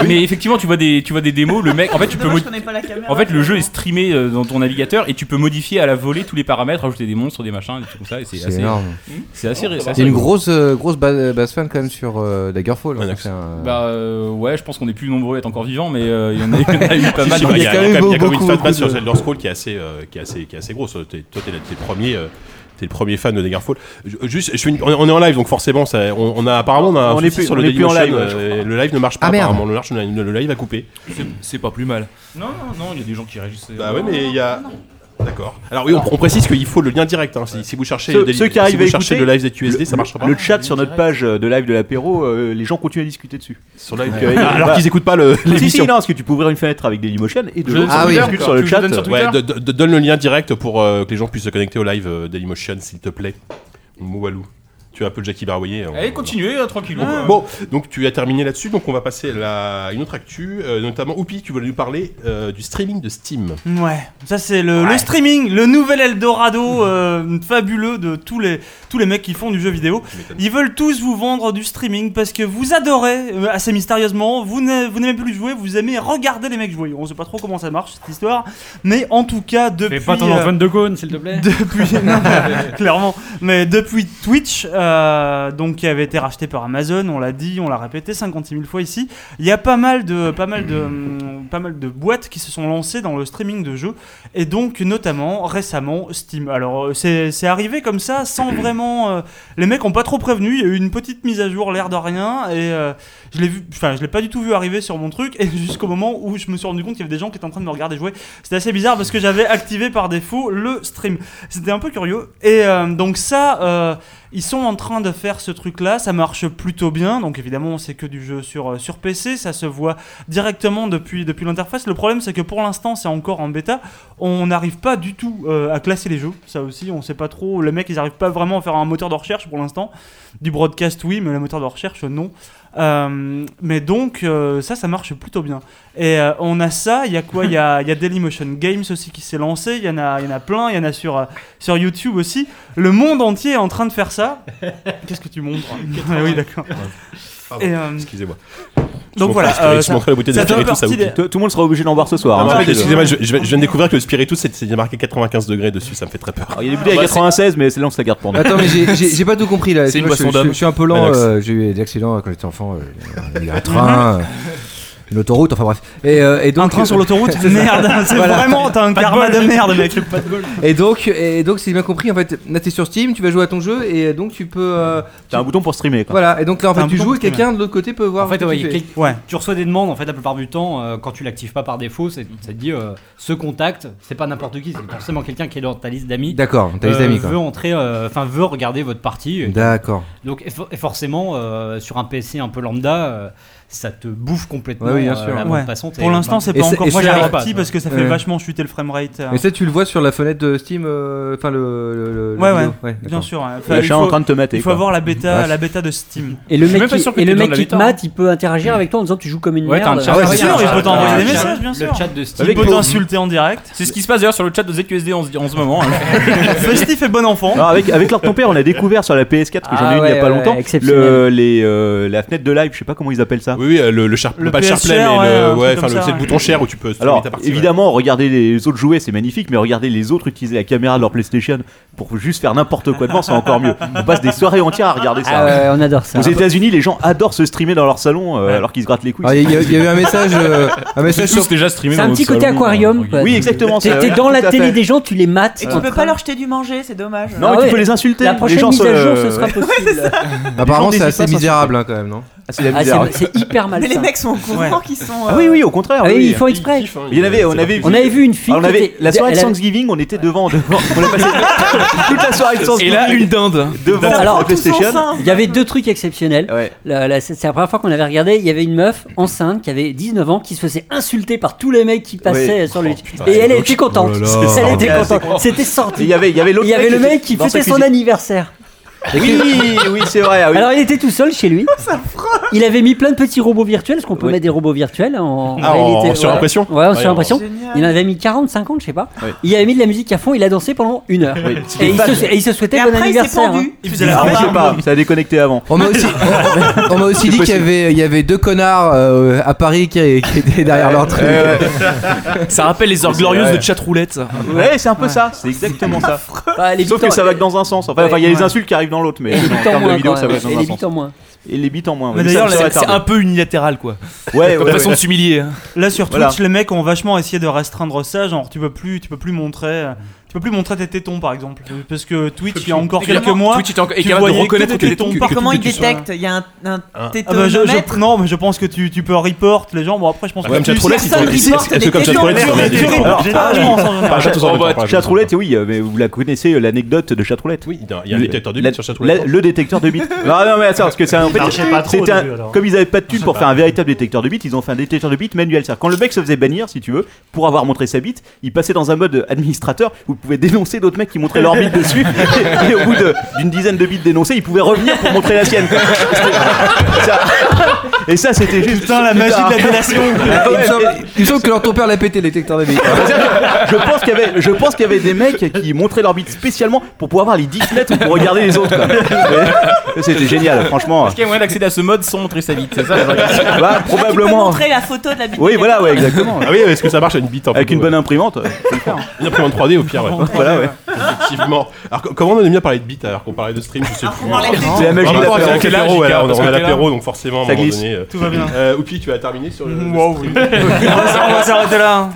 Speaker 7: Mais effectivement, tu vois des, tu vois des démos. Le mec, en fait, tu peux.
Speaker 6: Dommage
Speaker 7: modi-
Speaker 6: qu'on ait pas la caméra.
Speaker 7: En fait, le jeu est streamé euh, dans ton navigateur et tu peux modifier à la volée tous les paramètres, ajouter des monstres, des machins, des trucs comme ça. et C'est
Speaker 5: C'est
Speaker 7: assez-
Speaker 5: énorme.
Speaker 7: C'est assez.
Speaker 6: Ah, bah,
Speaker 7: c'est
Speaker 5: Il y
Speaker 7: assez
Speaker 5: a une
Speaker 7: rigolo.
Speaker 5: grosse, euh, grosse base, base fan quand même sur euh, Daggerfall. hein, c'est un-
Speaker 7: Bah euh, ouais, je pense qu'on est plus nombreux à être encore vivants, mais euh, il y en a, il y en a eu pas
Speaker 2: Si,
Speaker 7: mal.
Speaker 2: si,
Speaker 7: dans
Speaker 2: Il
Speaker 7: les
Speaker 2: y a quand même- il y a quand même une
Speaker 7: beaucoup,
Speaker 2: fanbase
Speaker 7: beaucoup
Speaker 2: sur
Speaker 7: de-
Speaker 2: Elder Scrolls qui est assez, euh, qui est assez, qui est assez grosse. T'es- toi, t'es, la- t'es le premier. euh, T'es le premier fan de Daggerfall. Je- Juste, je fais une- on est- on est en live, donc forcément, ça- on, on a apparemment on a un
Speaker 10: On est
Speaker 2: souci
Speaker 10: plus-
Speaker 2: sur
Speaker 10: on
Speaker 2: le
Speaker 10: est plus en
Speaker 2: Dailymotion,
Speaker 10: live, ouais, je
Speaker 2: euh, Le live ne marche pas.
Speaker 10: Ah, merde.
Speaker 2: apparemment, le large- le live, a coupé.
Speaker 10: C'est pas plus mal.
Speaker 7: Non, non, non, il y a des gens qui réagissent.
Speaker 2: Bah ouais, mais il y a. D'accord. Alors oui, on, on précise qu'il faut le lien direct. hein. Si, si vous cherchez,
Speaker 11: Ceux,
Speaker 2: le Daily-
Speaker 11: ceux qui
Speaker 2: si
Speaker 11: arrivent
Speaker 2: vous
Speaker 11: à
Speaker 2: cherchez
Speaker 11: écouter
Speaker 2: le live ZQSD, ça marchera pas.
Speaker 11: Le chat sur notre page euh, de live de l'apéro, euh, les gens continuent à discuter dessus. euh,
Speaker 2: live. Ah, alors qu'ils écoutent pas le-
Speaker 11: Si, si,
Speaker 2: l'émission.
Speaker 11: non, parce que tu peux ouvrir une fenêtre avec Dailymotion et de
Speaker 2: Je
Speaker 11: l'eau.
Speaker 2: donne sur Twitter,
Speaker 11: Tu cliques
Speaker 2: d'accord.
Speaker 11: Ah sur le
Speaker 2: Tu
Speaker 11: chat.
Speaker 2: donnes sur Twitter Ouais, do- do- donne le lien direct pour euh, que les gens puissent se connecter au live euh, Dailymotion, s'il te plaît. Moualou. Tu es un peu Jackie Barboyer. on-
Speaker 7: Allez, continuez euh, tranquillement.
Speaker 2: Bon, Bon, donc tu as terminé là-dessus, donc on va passer à la- une autre actu, euh, notamment Oupi, tu voulais nous parler euh, du streaming de Steam.
Speaker 12: Ouais, ça c'est le, le streaming, le nouvel Eldorado euh, fabuleux de tous les, tous les mecs qui font du jeu vidéo. Ils veulent tous vous vendre du streaming parce que vous adorez, euh, assez mystérieusement, vous n'a- vous n'aimez plus jouer, vous aimez regarder les mecs jouer. On sait pas trop comment ça marche cette histoire, mais en tout cas, depuis.
Speaker 9: Fais pas ton
Speaker 12: euh,
Speaker 9: enfant de Gaulle, s'il te plaît.
Speaker 12: depuis, non, clairement. Mais depuis Twitch, euh, donc qui avait été racheté par Amazon, on l'a dit, on l'a répété 56 000 fois ici. Il y a pas mal de, pas mal de, hum, pas mal de boîtes qui se sont lancées dans le streaming de jeux et donc notamment récemment Steam. Alors euh, c'est c'est arrivé comme ça, sans vraiment. euh, les mecs ont pas trop prévenu. Il y a eu une petite mise à jour, l'air de rien, et euh, je l'ai vu, enfin je l'ai pas du tout vu arriver sur mon truc. Et jusqu'au moment où je me suis rendu compte qu'il y avait des gens qui étaient en train de me regarder jouer. C'était assez bizarre parce que j'avais activé par défaut le stream. C'était un peu curieux. Et euh, donc ça, euh, ils sont en train de faire ce truc-là. Ça marche plutôt bien. Donc évidemment, c'est que du jeu sur, euh, sur PC. Ça se voit directement depuis, depuis l'interface. Le problème, c'est que pour l'instant, c'est encore en bêta. On n'arrive pas du tout euh, à classer les jeux. Ça aussi, on sait pas trop. Les mecs, ils n'arrivent pas vraiment à faire un moteur de recherche pour l'instant. Du broadcast, oui, mais le moteur de recherche, non. Euh, mais donc, euh, ça, ça marche plutôt bien. Et euh, on a ça, il y a quoi Il y a, il y a Dailymotion Games aussi qui s'est lancé, il y, en a- il y en a plein, il y en a sur, euh, sur YouTube aussi. Le monde entier est en train de faire ça. Qu'est-ce que tu montres Ah Oui, d'accord.
Speaker 2: hein? Pardon,
Speaker 12: Et, euh,
Speaker 2: Excusez-moi. Je
Speaker 12: donc voilà,
Speaker 2: montrais la spiritueux,
Speaker 12: euh,
Speaker 2: je montrais la bouteille de
Speaker 12: fait
Speaker 2: spiritueux, ça
Speaker 12: partie
Speaker 2: vous
Speaker 12: des-
Speaker 2: dit.
Speaker 11: Tout tout le monde sera obligé d'en voir ce soir.
Speaker 2: Ah,
Speaker 11: hein.
Speaker 2: non, mais Excusez-moi, je, je vais- je viens de découvrir que le Spiritus, c'est c'est marqué 95 degrés dessus, ça me fait très peur.
Speaker 11: Il y a des bouteilles à 96, mais celle-là, on se la garde pour nous.
Speaker 5: Attends, mais j'ai- j'ai j'ai pas tout compris là.
Speaker 11: C'est une
Speaker 5: Moi, je-
Speaker 11: boisson
Speaker 5: je,
Speaker 11: d'homme.
Speaker 5: je suis un peu lent.
Speaker 11: Manox.
Speaker 5: euh, j'ai eu des accidents quand j'étais enfant. euh, il y a un train. euh, une autoroute, enfin bref. Et, euh, et donc,
Speaker 12: Un train sur l'autoroute
Speaker 5: C'est ça.
Speaker 12: Merde, c'est
Speaker 5: Voilà.
Speaker 12: vraiment, t'as un
Speaker 5: Pas de
Speaker 12: karma de,
Speaker 5: bol.
Speaker 12: merde, mec.
Speaker 5: Et donc, et donc, si j'ai bien compris, en fait, là t'es sur Steam, tu vas jouer à ton jeu et donc tu peux. euh,
Speaker 11: T'as un bouton pour streamer. Quoi.
Speaker 5: Voilà, et donc là en
Speaker 9: T'as
Speaker 5: fait
Speaker 9: un
Speaker 5: tu
Speaker 9: bouton
Speaker 5: joues
Speaker 9: pour
Speaker 5: et quelqu'un
Speaker 9: streamer.
Speaker 5: de l'autre côté peut voir.
Speaker 9: En fait,
Speaker 5: ce que
Speaker 9: ouais,
Speaker 5: tu
Speaker 9: il
Speaker 5: fais.
Speaker 9: clique- tu reçois des demandes en fait la plupart du temps euh, quand tu l'actives pas par défaut, c'est- ça te dit euh, ce contact, c'est pas n'importe qui, c'est forcément quelqu'un qui est dans ta liste d'amis.
Speaker 5: D'accord, ta liste d'amis, quoi.
Speaker 9: Veut entrer, euh, enfin veut regarder votre partie. Et-
Speaker 5: D'accord.
Speaker 9: Donc et for- et forcément euh, sur un PC un peu lambda, euh, ça te bouffe complètement
Speaker 5: Ouais, oui, bien
Speaker 9: euh,
Speaker 5: sûr.
Speaker 9: la bande
Speaker 5: Ouais.
Speaker 9: passante.
Speaker 12: Pour
Speaker 9: et-
Speaker 12: l'instant, c'est
Speaker 5: Et
Speaker 12: pas
Speaker 5: c'est-
Speaker 12: encore
Speaker 5: et c'est-
Speaker 12: vraiment
Speaker 5: Ouais.
Speaker 12: petit parce que ça fait
Speaker 5: Ouais.
Speaker 12: vachement chuter le framerate. euh.
Speaker 5: Mais ça, tu le vois sur la fenêtre de Steam, euh, enfin le, le, le- la
Speaker 12: Ouais,
Speaker 5: vidéo.
Speaker 12: ouais,
Speaker 5: d'accord.
Speaker 12: bien sûr. ouais. Enfin, il faut- Il faut avoir la bêta, la bêta de Steam.
Speaker 4: Et le mec, qui, et le mec qui te mate, il peut interagir avec toi en disant tu joues comme une
Speaker 7: Ouais, t'as un
Speaker 4: merde.
Speaker 7: chat.
Speaker 12: Ah ouais, c'est sûr, il peut t'envoyer des
Speaker 7: Le chat-
Speaker 12: messages, bien
Speaker 7: le
Speaker 12: sûr.
Speaker 7: chat de Steam.
Speaker 12: Il peut
Speaker 7: Avec-
Speaker 12: t'insulter en direct.
Speaker 7: C'est ce qui se passe d'ailleurs sur le chat de ZQSD en, ce- en ce moment. hein.
Speaker 12: Festif et bon enfant.
Speaker 11: Non, avec avec leur ton père, on a découvert sur la PS4 que j'en ai
Speaker 7: Ah
Speaker 11: une il y
Speaker 7: ouais,
Speaker 11: a pas
Speaker 7: ouais,
Speaker 11: longtemps.
Speaker 7: exceptionnel.
Speaker 11: le, les, euh, la fenêtre de live, je sais pas comment ils appellent ça.
Speaker 2: Oui, oui, euh, le, le, sharp-
Speaker 11: Le
Speaker 2: pas le
Speaker 11: PS
Speaker 2: SharePlay,
Speaker 11: share,
Speaker 2: mais
Speaker 11: ouais, un
Speaker 2: le,
Speaker 11: truc
Speaker 2: ouais,
Speaker 11: comme
Speaker 2: enfin, le,
Speaker 11: ça,
Speaker 2: c'est le
Speaker 11: ouais.
Speaker 2: bouton share où tu peux streamer
Speaker 11: Alors,
Speaker 2: ta partie. ouais.
Speaker 11: évidemment, regarder les autres jouer, c'est magnifique, mais regarder les autres utiliser la caméra de leur PlayStation pour juste faire n'importe quoi devant, c'est encore mieux. On passe des soirées entières à regarder ça.
Speaker 4: Ah ouais, on adore ça.
Speaker 11: Aux États-Unis, les gens adorent se streamer dans leur salon euh, alors qu'ils se grattent les couilles.
Speaker 5: Ah, Il y, a- il y a eu un message, euh, un
Speaker 11: Vous êtes
Speaker 5: message
Speaker 11: tous déjà streamés
Speaker 4: C'est un petit côté aquarium. quoi.
Speaker 11: Oui, exactement.
Speaker 4: T'es
Speaker 11: ça,
Speaker 4: t'es
Speaker 11: ouais.
Speaker 4: dans la
Speaker 11: Tout à
Speaker 4: télé
Speaker 11: fait.
Speaker 4: des gens, tu les mates.
Speaker 6: Et
Speaker 4: en
Speaker 6: tu peux
Speaker 4: train-
Speaker 6: pas leur jeter du manger, c'est dommage.
Speaker 2: Ah
Speaker 11: Non, mais tu peux les insulter.
Speaker 4: La
Speaker 11: Les
Speaker 4: prochaine
Speaker 11: gens
Speaker 4: mise à
Speaker 11: sont,
Speaker 4: jour,
Speaker 11: euh,
Speaker 4: ce sera possible.
Speaker 5: Apparemment,
Speaker 11: Les gens n'hésitent
Speaker 5: c'est assez
Speaker 11: pas à
Speaker 5: misérable
Speaker 11: s'insulter.
Speaker 5: hein, quand même, non
Speaker 11: Ah, c'est la
Speaker 4: Ah,
Speaker 11: misère.
Speaker 4: c'est- c'est hyper mal.
Speaker 6: Mais les mecs sont au courant qu'ils sont.
Speaker 11: Ah oui, oui, au contraire.
Speaker 4: Ah oui,
Speaker 11: oui.
Speaker 4: ils font exprès.
Speaker 11: Il y en avait, on avait,
Speaker 4: On avait vu une fille
Speaker 11: On
Speaker 4: qui
Speaker 11: avait
Speaker 4: était-
Speaker 11: la soirée de
Speaker 4: elle avait-
Speaker 11: Thanksgiving, on était devant, devant. On a passé toute la soirée de Thanksgiving.
Speaker 10: Et là, une dinde.
Speaker 11: devant
Speaker 4: Alors,
Speaker 11: la PlayStation.
Speaker 4: Il y avait deux trucs exceptionnels. La- la- c'est c'est la première fois qu'on avait regardé. Il y avait une meuf enceinte qui avait 19 ans qui se faisait insulter par tous les mecs qui passaient sur le. et elle était contente.
Speaker 11: Oh là là.
Speaker 4: Elle était
Speaker 11: Ah, c'est
Speaker 4: contente.
Speaker 11: cool.
Speaker 4: C'était sorti.
Speaker 11: Et il y avait- il y avait l'autre
Speaker 4: Il y avait
Speaker 11: mec
Speaker 4: le
Speaker 11: qui était
Speaker 4: mec qui
Speaker 11: dans sa
Speaker 4: fêtait son
Speaker 11: cuisine.
Speaker 4: anniversaire.
Speaker 11: Oui, oui, c'est vrai. ah oui.
Speaker 4: Alors il était tout seul chez lui. Il avait mis plein de petits robots virtuels, parce qu'on peut mettre des robots virtuels en,
Speaker 2: Ah, en- en surimpression
Speaker 4: Ouais, en
Speaker 2: Ouais,
Speaker 4: surimpression.
Speaker 2: en- Génial.
Speaker 4: Il en avait mis 40, 50, je sais pas.
Speaker 11: Oui.
Speaker 4: Il avait mis de la musique à fond, il a dansé pendant une heure.
Speaker 11: Oui.
Speaker 4: Et, il se, et il se souhaitait
Speaker 6: Et
Speaker 4: bon
Speaker 6: après, il s'est
Speaker 4: anniversaire.
Speaker 6: pendu.
Speaker 4: hein.
Speaker 6: Il faisait
Speaker 11: Ah,
Speaker 6: la
Speaker 11: je sais
Speaker 6: barbe.
Speaker 11: pas, ça a déconnecté avant.
Speaker 5: On m'a aussi, on, on m'a aussi dit qu'il y avait, il y avait deux connards euh, à Paris qui, qui étaient derrière leur truc.
Speaker 10: Ça rappelle les heures
Speaker 11: C'est
Speaker 10: glorieuses
Speaker 11: vrai.
Speaker 10: de chatroulette.
Speaker 11: Ouais, c'est un peu ça, c'est exactement ça.
Speaker 4: Bah, les
Speaker 11: Sauf
Speaker 4: butants-
Speaker 11: que ça va que dans un sens. Enfin,
Speaker 4: Ouais,
Speaker 11: enfin, il y a les
Speaker 4: ouais.
Speaker 11: insultes qui arrivent dans l'autre, mais
Speaker 4: Et les
Speaker 11: en
Speaker 4: butants
Speaker 11: termes de
Speaker 4: moins,
Speaker 11: vidéo,
Speaker 4: quand
Speaker 11: ça va
Speaker 4: même.
Speaker 11: que dans
Speaker 4: Et
Speaker 11: un
Speaker 4: les
Speaker 11: sens.
Speaker 4: butants moins.
Speaker 11: Et les bits en moins.
Speaker 12: Mais
Speaker 11: oui,
Speaker 12: d'ailleurs,
Speaker 11: ça, ça
Speaker 12: c'est
Speaker 11: va
Speaker 12: c'est
Speaker 11: tarder.
Speaker 12: un peu unilatéral quoi.
Speaker 11: Ouais,
Speaker 10: Comme
Speaker 11: ouais,
Speaker 10: façon
Speaker 11: ouais.
Speaker 10: de s'humilier. hein.
Speaker 12: Là sur Twitch,
Speaker 11: Voilà.
Speaker 12: les mecs ont vachement essayé de restreindre ça. Genre, tu peux plus, tu peux plus montrer, euh, tu peux plus montrer tes tétons par exemple, parce que Twitch, il y a encore
Speaker 10: Évidemment,
Speaker 12: quelques mois,
Speaker 10: Twitch est encore- est
Speaker 12: tu
Speaker 10: capable de
Speaker 12: voyais que
Speaker 10: reconnaître
Speaker 12: des
Speaker 10: tes tétons, que-
Speaker 12: par-
Speaker 10: que
Speaker 6: Comment
Speaker 10: tu-
Speaker 6: ils
Speaker 10: que tu sois-
Speaker 6: détectent Il y a un, un
Speaker 2: Ah.
Speaker 12: Ah bah, je- je-
Speaker 6: tétonomètre.
Speaker 12: non, mais je pense que tu, tu peux report les gens. Bon, après, je pense
Speaker 2: Ah,
Speaker 12: que
Speaker 2: comme
Speaker 12: tu-
Speaker 2: Chatroulette, ils
Speaker 12: personne
Speaker 2: t'ont- est-ce-
Speaker 12: reporte
Speaker 2: est-ce
Speaker 12: les
Speaker 2: que comme
Speaker 12: tétons.
Speaker 2: Chatroulette,
Speaker 12: Tu-
Speaker 2: on a des-
Speaker 12: tu
Speaker 2: Alors,
Speaker 12: reportes
Speaker 11: ah,
Speaker 12: généralement, en général.
Speaker 2: Enfin, Chatroulette,
Speaker 11: Oh, bah,
Speaker 2: on parle,
Speaker 11: Chatroulette, oui, euh, mais vous la connaissez euh, l'anecdote de Chatroulette.
Speaker 2: Oui, il y a un détecteur de bits sur Chatroulette.
Speaker 11: la- Le détecteur de bits. non, non, mais attends, parce que c'est un. en fait,
Speaker 12: marchait pas trop
Speaker 11: c'était
Speaker 12: au
Speaker 11: un-
Speaker 12: début, alors.
Speaker 11: Comme ils avaient pas de thune
Speaker 12: Marchait
Speaker 11: pour
Speaker 12: pas.
Speaker 11: faire un véritable détecteur de bits, ils ont fait un détecteur de bits manuel. C'est-à-dire, quand le mec se faisait bannir, si tu veux, pour avoir montré sa bite, il passait dans un mode administrateur où il pouvait dénoncer d'autres mecs qui montraient leur bite dessus. Et, et au bout de- d'une dizaine de bits dénoncées, il pouvait revenir pour montrer la sienne. C'était- ça- et ça, c'était juste.
Speaker 12: Putain, la magie de la délation.
Speaker 11: Ah
Speaker 5: Il
Speaker 11: ouais,
Speaker 5: me semble-
Speaker 11: et-
Speaker 5: Il me semble que leur ton père l'a pété, les détecteurs de bits.
Speaker 11: je pense qu'il y avait, je pense qu'il y avait des mecs qui montraient leur bite spécialement pour pouvoir avoir les 10 mètres pour regarder les autres. quoi. Mais- C'était génial, franchement.
Speaker 7: Est-ce qu'il y a moyen d'accéder à ce mode sans montrer sa bite C'est ça la vraie question.
Speaker 11: Bah, probablement.
Speaker 6: Montrer la photo de la bite.
Speaker 11: Oui, voilà, ouais, exactement.
Speaker 2: Ah oui, est-ce que ça marche à une bite en
Speaker 11: Avec
Speaker 2: fait,
Speaker 11: une
Speaker 2: ouais.
Speaker 11: bonne imprimante. euh,
Speaker 2: Une imprimante 3D au pire, ouais.
Speaker 11: hein. Voilà, ouais.
Speaker 2: Effectivement. Alors, co- comment on aime bien parler de bits alors qu'on parlait de stream, je sais
Speaker 12: Ah,
Speaker 2: plus.
Speaker 6: parlait de bits.
Speaker 11: C'est la magie
Speaker 2: En même
Speaker 11: de
Speaker 2: temps,
Speaker 11: l'apéro.
Speaker 2: c'est
Speaker 7: Parce
Speaker 2: l'apéro,
Speaker 7: que là,
Speaker 2: voilà, on est à
Speaker 7: là-
Speaker 2: l'apéro, donc forcément, à un
Speaker 11: Ça
Speaker 2: moment
Speaker 11: glisse.
Speaker 2: donné. euh,
Speaker 12: Tout va bien.
Speaker 2: euh, Oupi, tu vas terminer sur le. le
Speaker 12: Wow,
Speaker 2: stream.
Speaker 12: oui. On va- on va s'arrêter là.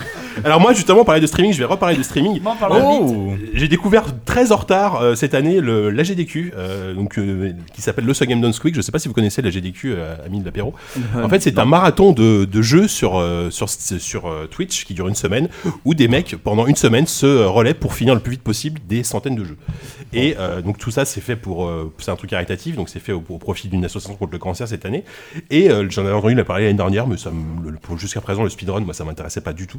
Speaker 2: Alors moi justement parler de streaming, je vais reparler de streaming.
Speaker 12: M'en parle de
Speaker 2: Oh. J'ai découvert très en retard euh, cette année le la GDQ, euh, donc euh, qui s'appelle le So Game Don't Squeak. Je sais pas si vous connaissez la GDQ, euh, ami de l'apéro. En fait, c'est un marathon de, de jeux sur euh, sur sur euh, Twitch qui dure une semaine, où des mecs pendant une semaine se euh, relaient pour finir le plus vite possible des centaines de jeux. Et euh, donc tout ça c'est fait pour euh, c'est un truc caritatif, donc c'est fait au, au profit d'une association contre le cancer cette année. Et euh, j'en avais entendu la parler l'année dernière, mais ça me- le- pour- jusqu'à présent le speedrun, moi ça m'intéressait pas du tout.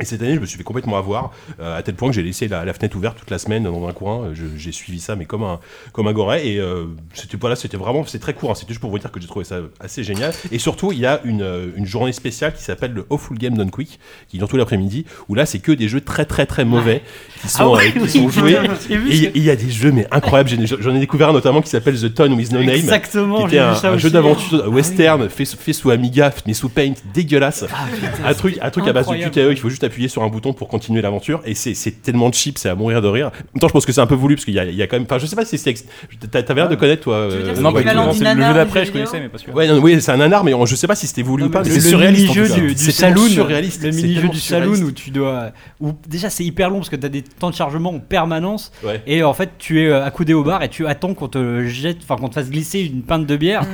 Speaker 2: Et cette année, je me suis fait complètement avoir, euh, à tel point que j'ai laissé la, la fenêtre ouverte toute la semaine dans un coin. Euh, je- J'ai suivi ça, mais comme un comme un goret. Et euh, c'était voilà, c'était vraiment, c'est très court. hein. C'était juste pour vous dire que j'ai trouvé ça assez génial. Et surtout, il y a une, euh, une journée spéciale qui s'appelle le Awful Game Done Quick, qui dure tout l'après-midi. Où là, c'est que des jeux très très très mauvais qui
Speaker 9: Ah
Speaker 2: sont, euh, qui sont joués. Et il il y a des jeux mais incroyables. J'ai- J'en ai découvert un notamment qui s'appelle The Ton with No Name.
Speaker 9: Exactement,
Speaker 2: Qui
Speaker 9: j'ai
Speaker 2: était
Speaker 9: vu
Speaker 2: un,
Speaker 9: ça
Speaker 2: un jeu
Speaker 9: aussi.
Speaker 2: d'aventure western fait, fait sous Amiga, mais sous Paint, dégueulasse. un truc, un truc à base de
Speaker 9: Incroyable.
Speaker 2: QTE, il faut juste juste appuyer sur un bouton pour continuer l'aventure. Et c'est- c'est tellement cheap, c'est à mourir de rire. En même temps, je pense que c'est un peu voulu parce qu'il y a, il y a quand même. Enfin, je sais pas si c'est. ex- T'as- T'avais l'air de connaître, toi.
Speaker 7: veux dire,
Speaker 2: euh,
Speaker 7: c'est l'équivalent
Speaker 2: Wagner.
Speaker 7: du C'est le nanar jeu d'après, du jeu je vidéo connaissais, mais pas celui-là.
Speaker 2: Ouais, non, oui, c'est un nanar, mais on- je sais pas si c'était voulu ou pas. mais
Speaker 13: Le-
Speaker 2: C'est
Speaker 13: le
Speaker 2: surréaliste. en
Speaker 13: mini-jeu
Speaker 2: tout cas.
Speaker 13: hein. du, du
Speaker 2: C'est tellement
Speaker 13: saloon,
Speaker 2: surréaliste.
Speaker 13: le
Speaker 2: c'est
Speaker 13: mini-jeu
Speaker 2: tellement
Speaker 13: du
Speaker 2: surréaliste.
Speaker 13: saloon où tu dois. Où, déjà, c'est hyper long parce que tu as des temps de chargement en permanence.
Speaker 2: Ouais.
Speaker 13: Et en fait, tu es euh, accoudé au bar et tu attends qu'on te jette, enfin qu'on te fasse glisser une pinte de bière.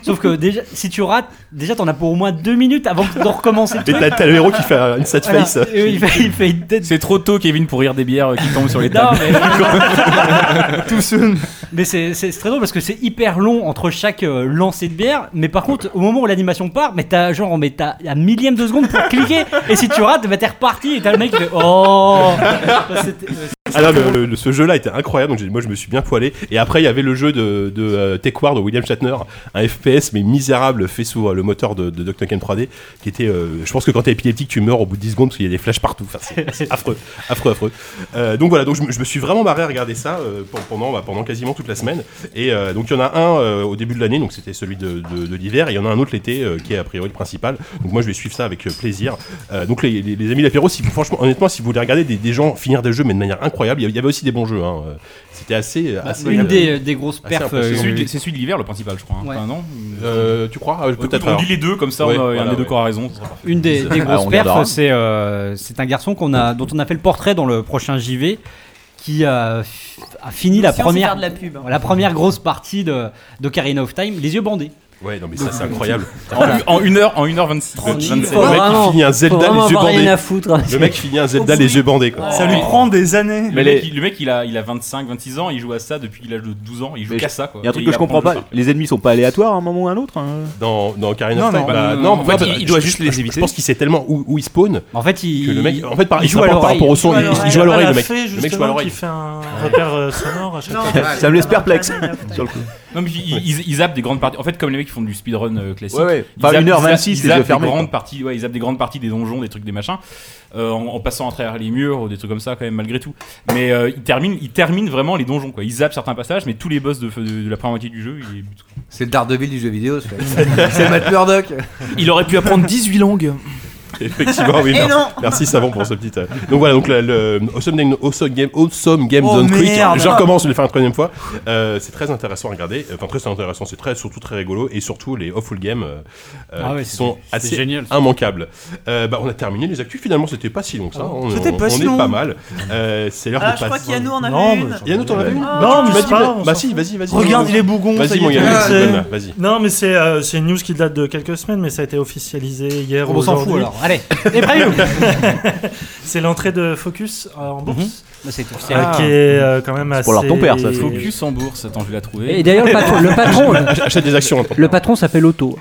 Speaker 13: Sauf que déjà, si tu rates, déjà t'en as pour au moins deux minutes avant d'en recommencer.
Speaker 2: Et
Speaker 13: truc.
Speaker 2: t'as- t'as le héros qui fait euh, une sad
Speaker 13: Voilà.
Speaker 2: face.
Speaker 13: Et oui, il fait- il fait une tête.
Speaker 7: C'est trop tôt, Kevin, pour rire des bières euh, qui tombent sur les
Speaker 13: Non,
Speaker 7: tables.
Speaker 13: mais. Tout Mais c'est c'est- c'est très drôle parce que c'est hyper long entre chaque euh, lancer de bière. Mais par contre, au moment où l'animation part, mais t'as genre, mais t'as un millième de seconde pour cliquer. Et si tu rates, bah t'es reparti et t'as le mec qui fait Oh C'était-
Speaker 2: Ah non, le- le- le- ce jeu-là était incroyable, donc j'ai- moi je me suis bien poilé. Et après, il y avait le jeu de, de euh, Tech War de William Shatner, un FPS mais misérable fait sous euh, le moteur de, de Duck Nukem 3D, qui était, euh, je pense que quand t'es épileptique, tu meurs au bout de 10 secondes parce qu'il y a des flashs partout. Enfin, c'est- c'est affreux, affreux, affreux. Euh, donc voilà, donc je, me- je me suis vraiment marré à regarder ça euh, pen- pendant, bah, pendant quasiment toute la semaine. Et euh, donc il y en a un euh, au début de l'année, donc c'était celui de, de- de l'hiver, et il y en a un autre l'été euh, qui est a priori le principal. Donc moi je vais suivre ça avec euh, plaisir. Euh, donc les, les- les amis l'apéro, si vous, franchement, honnêtement, si vous voulez regarder des, des gens finir des jeux mais de manière incroyable, il y avait- il y avait aussi des bons jeux. hein, euh, C'était assez, assez.
Speaker 13: Bah, une
Speaker 2: euh,
Speaker 13: des- des grosses
Speaker 2: assez
Speaker 13: perfs,
Speaker 2: impressionnant.
Speaker 13: euh,
Speaker 7: Ah, C'est celui de- c'est celui de l'hiver, le principal, je crois. hein.
Speaker 13: Ouais.
Speaker 7: Enfin, non
Speaker 2: Euh, tu crois Ah,
Speaker 7: Écoute,
Speaker 2: Peut-être.
Speaker 7: On
Speaker 2: alors.
Speaker 7: dit les deux, comme ça,
Speaker 2: Ouais,
Speaker 7: on a-
Speaker 2: voilà,
Speaker 7: un des deux
Speaker 2: ouais.
Speaker 7: qui aura raison. ça sera parfait.
Speaker 13: Une des, des
Speaker 7: Ah,
Speaker 13: grosses
Speaker 7: on regardera.
Speaker 13: perfs, c'est euh, c'est un garçon qu'on a, dont on a fait le portrait dans le prochain JV qui a, fi- a fini
Speaker 14: Nous
Speaker 13: la
Speaker 14: aussi, on sait
Speaker 13: première,
Speaker 14: faire de la pub. hein.
Speaker 13: première grosse partie de, de Karina of Time, les yeux bandés.
Speaker 2: Ouais, non, mais
Speaker 13: Donc,
Speaker 2: ça, c'est
Speaker 13: euh,
Speaker 2: incroyable.
Speaker 13: Voilà.
Speaker 7: En, en une heure, en une heure 26.
Speaker 13: Tranquille,
Speaker 7: 27.
Speaker 13: faut
Speaker 2: le mec
Speaker 13: vraiment-
Speaker 2: qui finit un
Speaker 13: faut
Speaker 2: Zelda
Speaker 13: vraiment
Speaker 2: les yeux
Speaker 13: Oh, avoir
Speaker 2: bandés.
Speaker 13: rien à foutre.
Speaker 2: Le mec qui finit un Zelda les yeux bandés. Quoi.
Speaker 8: Ça lui prend des années. Mais
Speaker 7: Mais le mec,
Speaker 8: les-
Speaker 7: il- le mec, il a, il a 25, 26 ans, il joue à ça depuis l'âge de 12 ans, il joue
Speaker 11: Mais
Speaker 7: qu'à
Speaker 11: je-
Speaker 7: ça quoi.
Speaker 11: Il y a un truc
Speaker 7: Et
Speaker 11: que je
Speaker 7: apprend
Speaker 11: comprends
Speaker 7: le
Speaker 11: pas.
Speaker 7: jeu.
Speaker 11: Les ennemis sont pas aléatoires à un moment ou à un autre hein
Speaker 2: Dans, dans Ocarina
Speaker 11: Non,
Speaker 2: of Time,
Speaker 11: non,
Speaker 2: bah,
Speaker 11: bah, non,
Speaker 2: non,
Speaker 11: non, en fait,
Speaker 2: bah,
Speaker 11: il- il doit
Speaker 2: je-
Speaker 11: juste
Speaker 2: je-
Speaker 11: les
Speaker 2: Je
Speaker 11: éviter.
Speaker 2: pense qu'il sait tellement où, où il spawn.
Speaker 13: En fait, il,
Speaker 2: que le mec, en fait, par, il
Speaker 13: il joue
Speaker 2: joue
Speaker 13: à
Speaker 2: par
Speaker 13: l'oreille.
Speaker 2: rapport au son,
Speaker 13: Il
Speaker 2: il,
Speaker 13: joue à
Speaker 2: il joue à
Speaker 8: l'oreille.
Speaker 2: l'oreille,
Speaker 8: Ah,
Speaker 2: le
Speaker 8: la
Speaker 2: mec.
Speaker 8: fée,
Speaker 2: le mec joue
Speaker 8: justement,
Speaker 2: à l'oreille.
Speaker 8: qui fait un repère, euh, sonore à chaque Non, fois.
Speaker 11: Ça me laisse perplexe. sur le coup.
Speaker 7: Non, mais ils, ils- ils zappent des grandes parties. En fait, comme les mecs qui font du speedrun euh, classique.
Speaker 11: Ouais, ouais.
Speaker 7: ils
Speaker 11: Enfin,
Speaker 7: zappent-
Speaker 11: 1h26,
Speaker 7: ils
Speaker 11: les
Speaker 7: zappent
Speaker 11: yeux
Speaker 7: des
Speaker 11: fermés,
Speaker 7: grandes
Speaker 11: quoi.
Speaker 7: parties, ouais, ils zappent des grandes parties des donjons, des trucs, des machins, euh, en, en passant à travers les murs ou des trucs comme ça, quand même, malgré tout. Mais euh, ils, terminent, ils terminent vraiment les donjons, quoi. Ils zappent certains passages, mais tous les boss de, de- de la première moitié du jeu, ils les butent.
Speaker 10: C'est le Daredevil du jeu vidéo, ce mec. c'est Matt Murdock.
Speaker 11: Il aurait pu apprendre 18 langues.
Speaker 2: Effectivement, oui.
Speaker 11: Et
Speaker 2: merci,
Speaker 11: non.
Speaker 2: merci Savon pour ce petit. euh, Donc voilà, donc la- le awesome game, awesome game, awesome game
Speaker 11: Oh,
Speaker 2: Don't Quit.
Speaker 11: merde.
Speaker 2: Je recommence, je l'ai fait une troisième fois. Euh, c'est très intéressant à regarder. Enfin très intéressant, c'est très surtout très rigolo et surtout les awful games euh,
Speaker 13: Ah ouais,
Speaker 2: qui sont
Speaker 13: c'est- c'est
Speaker 2: assez
Speaker 13: génial, ça.
Speaker 2: immanquables. Euh, bah, on a terminé les actus. Finalement, c'était pas si long que ça.
Speaker 8: Ah bon
Speaker 2: On,
Speaker 8: C'était
Speaker 2: on-
Speaker 8: pas
Speaker 2: on
Speaker 8: si
Speaker 2: est
Speaker 8: long.
Speaker 2: pas mal. Euh, c'est l'heure
Speaker 14: Ah,
Speaker 2: de
Speaker 14: je
Speaker 2: passer.
Speaker 14: crois qu'il y a nous, on avait
Speaker 8: Non,
Speaker 14: une.
Speaker 8: mais
Speaker 2: Yannou, t'en avais une
Speaker 8: Ah.
Speaker 2: Bah,
Speaker 8: Non,
Speaker 2: tu
Speaker 8: mais
Speaker 2: m'as
Speaker 8: c'est
Speaker 2: dit,
Speaker 8: pas
Speaker 2: bah-
Speaker 8: grave, on
Speaker 2: Bah
Speaker 8: s'en
Speaker 2: si,
Speaker 8: fout.
Speaker 2: vas-y, vas-y.
Speaker 8: Regarde,
Speaker 2: vas-y.
Speaker 8: il est bougon, ça
Speaker 2: Vas-y,
Speaker 8: y
Speaker 2: mon
Speaker 8: est,
Speaker 2: Yannou,
Speaker 8: c'est-
Speaker 2: Goldman, vas-y.
Speaker 8: Non, mais c'est euh, c'est une news qui date de quelques semaines, mais ça a été officialisé hier.
Speaker 13: On
Speaker 8: ou
Speaker 13: s'en fout,
Speaker 8: aujourd'hui.
Speaker 13: alors. Allez, les previews.
Speaker 8: C'est l'entrée de Focus euh, en bourse.
Speaker 13: Bah, c'est officiel.
Speaker 8: Euh, Qui est euh, quand même
Speaker 7: C'est
Speaker 8: assez.
Speaker 7: pour leur ton père, ça.
Speaker 8: c'est-
Speaker 7: Focus en bourse, attends, je vais la trouver.
Speaker 4: Et d'ailleurs, le patron, le patron, le-
Speaker 2: Achète des
Speaker 11: hein,
Speaker 2: actions.
Speaker 4: le patron s'appelle Otto.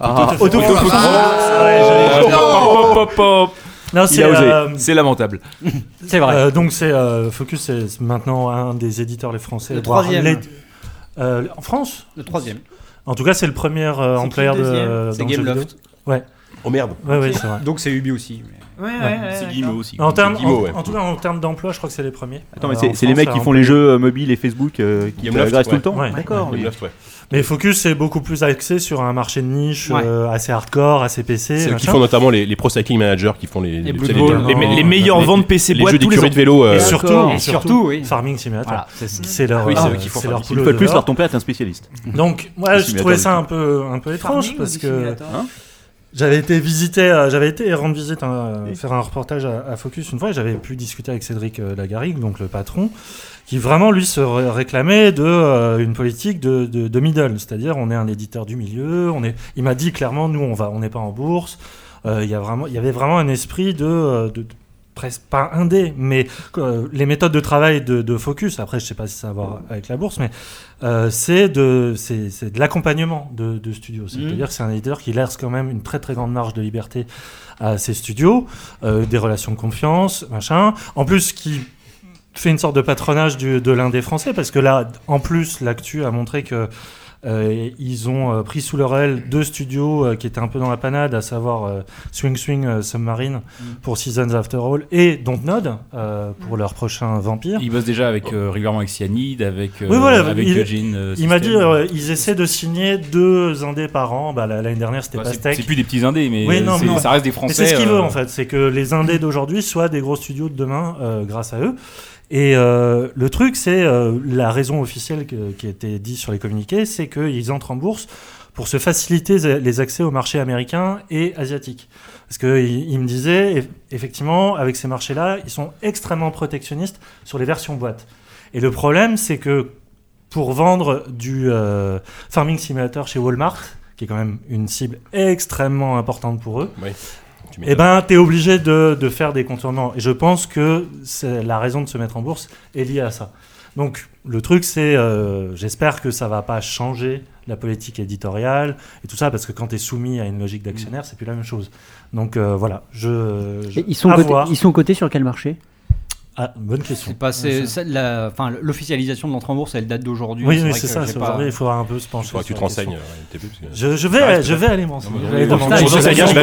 Speaker 11: Ah. Autofocus.
Speaker 7: Ah, Oh, Pop, pop, pop.
Speaker 8: Non,
Speaker 11: Il
Speaker 8: c'est
Speaker 11: a osé.
Speaker 8: euh,
Speaker 11: C'est lamentable.
Speaker 13: C'est vrai.
Speaker 8: Euh, donc c'est euh, Focus, c'est maintenant un des éditeurs les français.
Speaker 13: Le
Speaker 8: voire
Speaker 13: troisième.
Speaker 8: les- euh, en France
Speaker 13: Le troisième.
Speaker 8: En tout cas, c'est le premier
Speaker 13: C'est qui
Speaker 8: euh,
Speaker 13: le
Speaker 8: employeur de.
Speaker 13: deuxième
Speaker 8: dans
Speaker 13: C'est
Speaker 8: le jeu
Speaker 13: Gameloft.
Speaker 8: vidéo. Ouais.
Speaker 2: Oh merde.
Speaker 8: Ouais, ouais, c'est vrai.
Speaker 13: Donc c'est Ubi aussi.
Speaker 14: Ouais, ouais,
Speaker 8: Ouais.
Speaker 14: ouais,
Speaker 7: C'est
Speaker 14: d'accord.
Speaker 7: Guillemot aussi.
Speaker 8: En,
Speaker 7: quoi.
Speaker 8: termes-
Speaker 7: C'est Guillemot,
Speaker 8: en-
Speaker 7: ouais.
Speaker 8: en tout cas, en termes d'emploi, je crois que c'est les premiers.
Speaker 11: Attends, mais
Speaker 8: Euh, en
Speaker 11: c'est c'est les
Speaker 8: France,
Speaker 11: mecs qui
Speaker 8: là,
Speaker 11: font
Speaker 8: en-
Speaker 11: les jeux euh, mobiles et Facebook euh, qui
Speaker 2: Gameloft,
Speaker 11: agressent tout
Speaker 2: ouais.
Speaker 11: le temps.
Speaker 8: Ouais.
Speaker 11: D'accord.
Speaker 2: Game
Speaker 11: oui.
Speaker 2: Loft, ouais.
Speaker 8: Mais Focus c'est beaucoup plus axé sur un marché de niche
Speaker 13: Ouais.
Speaker 8: euh, assez hardcore, assez PC.
Speaker 2: C'est eux qui
Speaker 8: machin.
Speaker 2: font notamment les, les Pro Cycling Manager qui font les, les,
Speaker 13: Blue
Speaker 2: les-
Speaker 13: Ball.
Speaker 2: les- les-
Speaker 8: Non.
Speaker 2: les
Speaker 15: meilleurs
Speaker 2: les-
Speaker 15: ventes PC
Speaker 2: les
Speaker 15: boîte
Speaker 2: jeux du
Speaker 15: tous les
Speaker 2: curé
Speaker 15: ans.
Speaker 2: de vélo. euh,
Speaker 8: Et surtout,
Speaker 13: D'accord. Et
Speaker 8: surtout,
Speaker 13: surtout, oui.
Speaker 8: Farming Simulator.
Speaker 13: Voilà, c'est ça.
Speaker 8: C'est leur,
Speaker 2: Oui, c'est
Speaker 8: euh,
Speaker 2: eux qui font
Speaker 8: c'est leur
Speaker 2: Farming
Speaker 8: boulot
Speaker 11: Une fois de
Speaker 8: de
Speaker 11: plus,
Speaker 8: l'or.
Speaker 11: leur ton père est un spécialiste.
Speaker 8: Donc, moi,
Speaker 11: Le
Speaker 8: je trouvais ça un
Speaker 11: simulateur
Speaker 8: peu, un peu étrange
Speaker 14: Farming ou
Speaker 8: parce
Speaker 14: du
Speaker 8: que
Speaker 14: simulateur
Speaker 8: j'avais été visiter, euh, j'avais été rendre visite, hein, euh, faire un reportage à, à Focus une fois et j'avais pu discuter avec Cédric euh, Lagarigue, donc le patron, qui vraiment lui se ré- réclamait de euh, une politique de, de- de middle, c'est-à-dire on est un éditeur du milieu, on est, il m'a dit clairement nous on va, on n'est pas en bourse, Euh, il y a vraiment, il y avait vraiment un esprit de, euh, de- de- presque pas indé, mais euh, les méthodes de travail de, de Focus, après je sais pas si ça va voir avec la bourse, mais euh, c'est de, c'est c'est de l'accompagnement de, de studios. C'est-à-dire que c'est un éditeur qui laisse quand même une très très grande marge de liberté à ses studios, euh, des relations de confiance, machin. En plus, qui fait une sorte de patronage du- de l'un des Français, parce que là, en plus, l'actu a montré que Euh, ils ont euh, pris sous leur aile deux studios euh, qui étaient un peu dans la panade, à savoir euh, Swing Swing euh, Submarine pour Seasons After All et Dontnod euh, pour leur prochain Vampire.
Speaker 7: Ils bossent déjà avec, euh, régulièrement avec Cyanide, avec, euh,
Speaker 8: Oui, voilà,
Speaker 7: avec
Speaker 8: il,
Speaker 7: Eugene. euh,
Speaker 8: il m'a dit
Speaker 7: System.
Speaker 8: euh, ils essaient de signer deux indés par an. Bah, la- L'année dernière, c'était
Speaker 7: Ouais, c'est-
Speaker 8: Pastèque.
Speaker 7: c'est plus des petits indés, mais euh,
Speaker 8: Oui, non,
Speaker 7: c'est-
Speaker 8: non.
Speaker 7: ça reste des
Speaker 8: Mais
Speaker 7: Français,
Speaker 8: C'est ce qu'ils
Speaker 7: euh.
Speaker 8: veulent en fait, c'est que les indés d'aujourd'hui soient des gros studios de demain euh, grâce à eux. Et euh, le truc, c'est euh, la raison officielle que- qui a été dit sur les communiqués, c'est qu'ils entrent en bourse pour se faciliter les accès aux marchés américains et asiatiques. Parce qu'il il me disait, eff- effectivement, avec ces marchés-là, ils sont extrêmement protectionnistes sur les versions boîte. Et le problème, c'est que pour vendre du euh, Farming Simulator chez Walmart, qui est quand même une cible extrêmement importante pour eux, eh ben, t'es obligé de, de faire des contournements. Et je pense que c'est la raison de se mettre en bourse est liée à ça. Donc, le truc, c'est, euh, j'espère que ça va pas changer la politique éditoriale et tout ça, parce que quand t'es soumis à une logique
Speaker 2: Mm.
Speaker 8: d'actionnaire, c'est plus la même chose. Donc, euh, voilà. Je, je-
Speaker 4: Et Ils sont,
Speaker 8: à
Speaker 4: cotés,
Speaker 8: voir.
Speaker 4: ils sont cotés sur quel marché
Speaker 8: Ah, bonne question.
Speaker 9: C'est pas- c'est-
Speaker 8: Ouais,
Speaker 9: ça, la- enfin, l'officialisation de l'entrée en bourse, elle date d'aujourd'hui.
Speaker 8: Oui, oui,
Speaker 9: vrai
Speaker 8: c'est
Speaker 9: que
Speaker 8: ça,
Speaker 9: j'ai
Speaker 8: c'est
Speaker 9: pas-
Speaker 8: aujourd'hui, il faudra un peu se pencher.
Speaker 2: Faudra que tu
Speaker 8: sur
Speaker 2: te
Speaker 8: la
Speaker 2: renseignes,
Speaker 8: question.
Speaker 2: euh, au début, parce que- Ah,
Speaker 8: Je, je
Speaker 2: Ça
Speaker 8: vais,
Speaker 2: reste-
Speaker 8: je vais aller m'en
Speaker 2: Non, mais
Speaker 8: renseigner. Je
Speaker 2: on-
Speaker 8: vais aller
Speaker 2: on-
Speaker 8: demander.
Speaker 2: je sais pas, je sais pas, je sais pas, je sais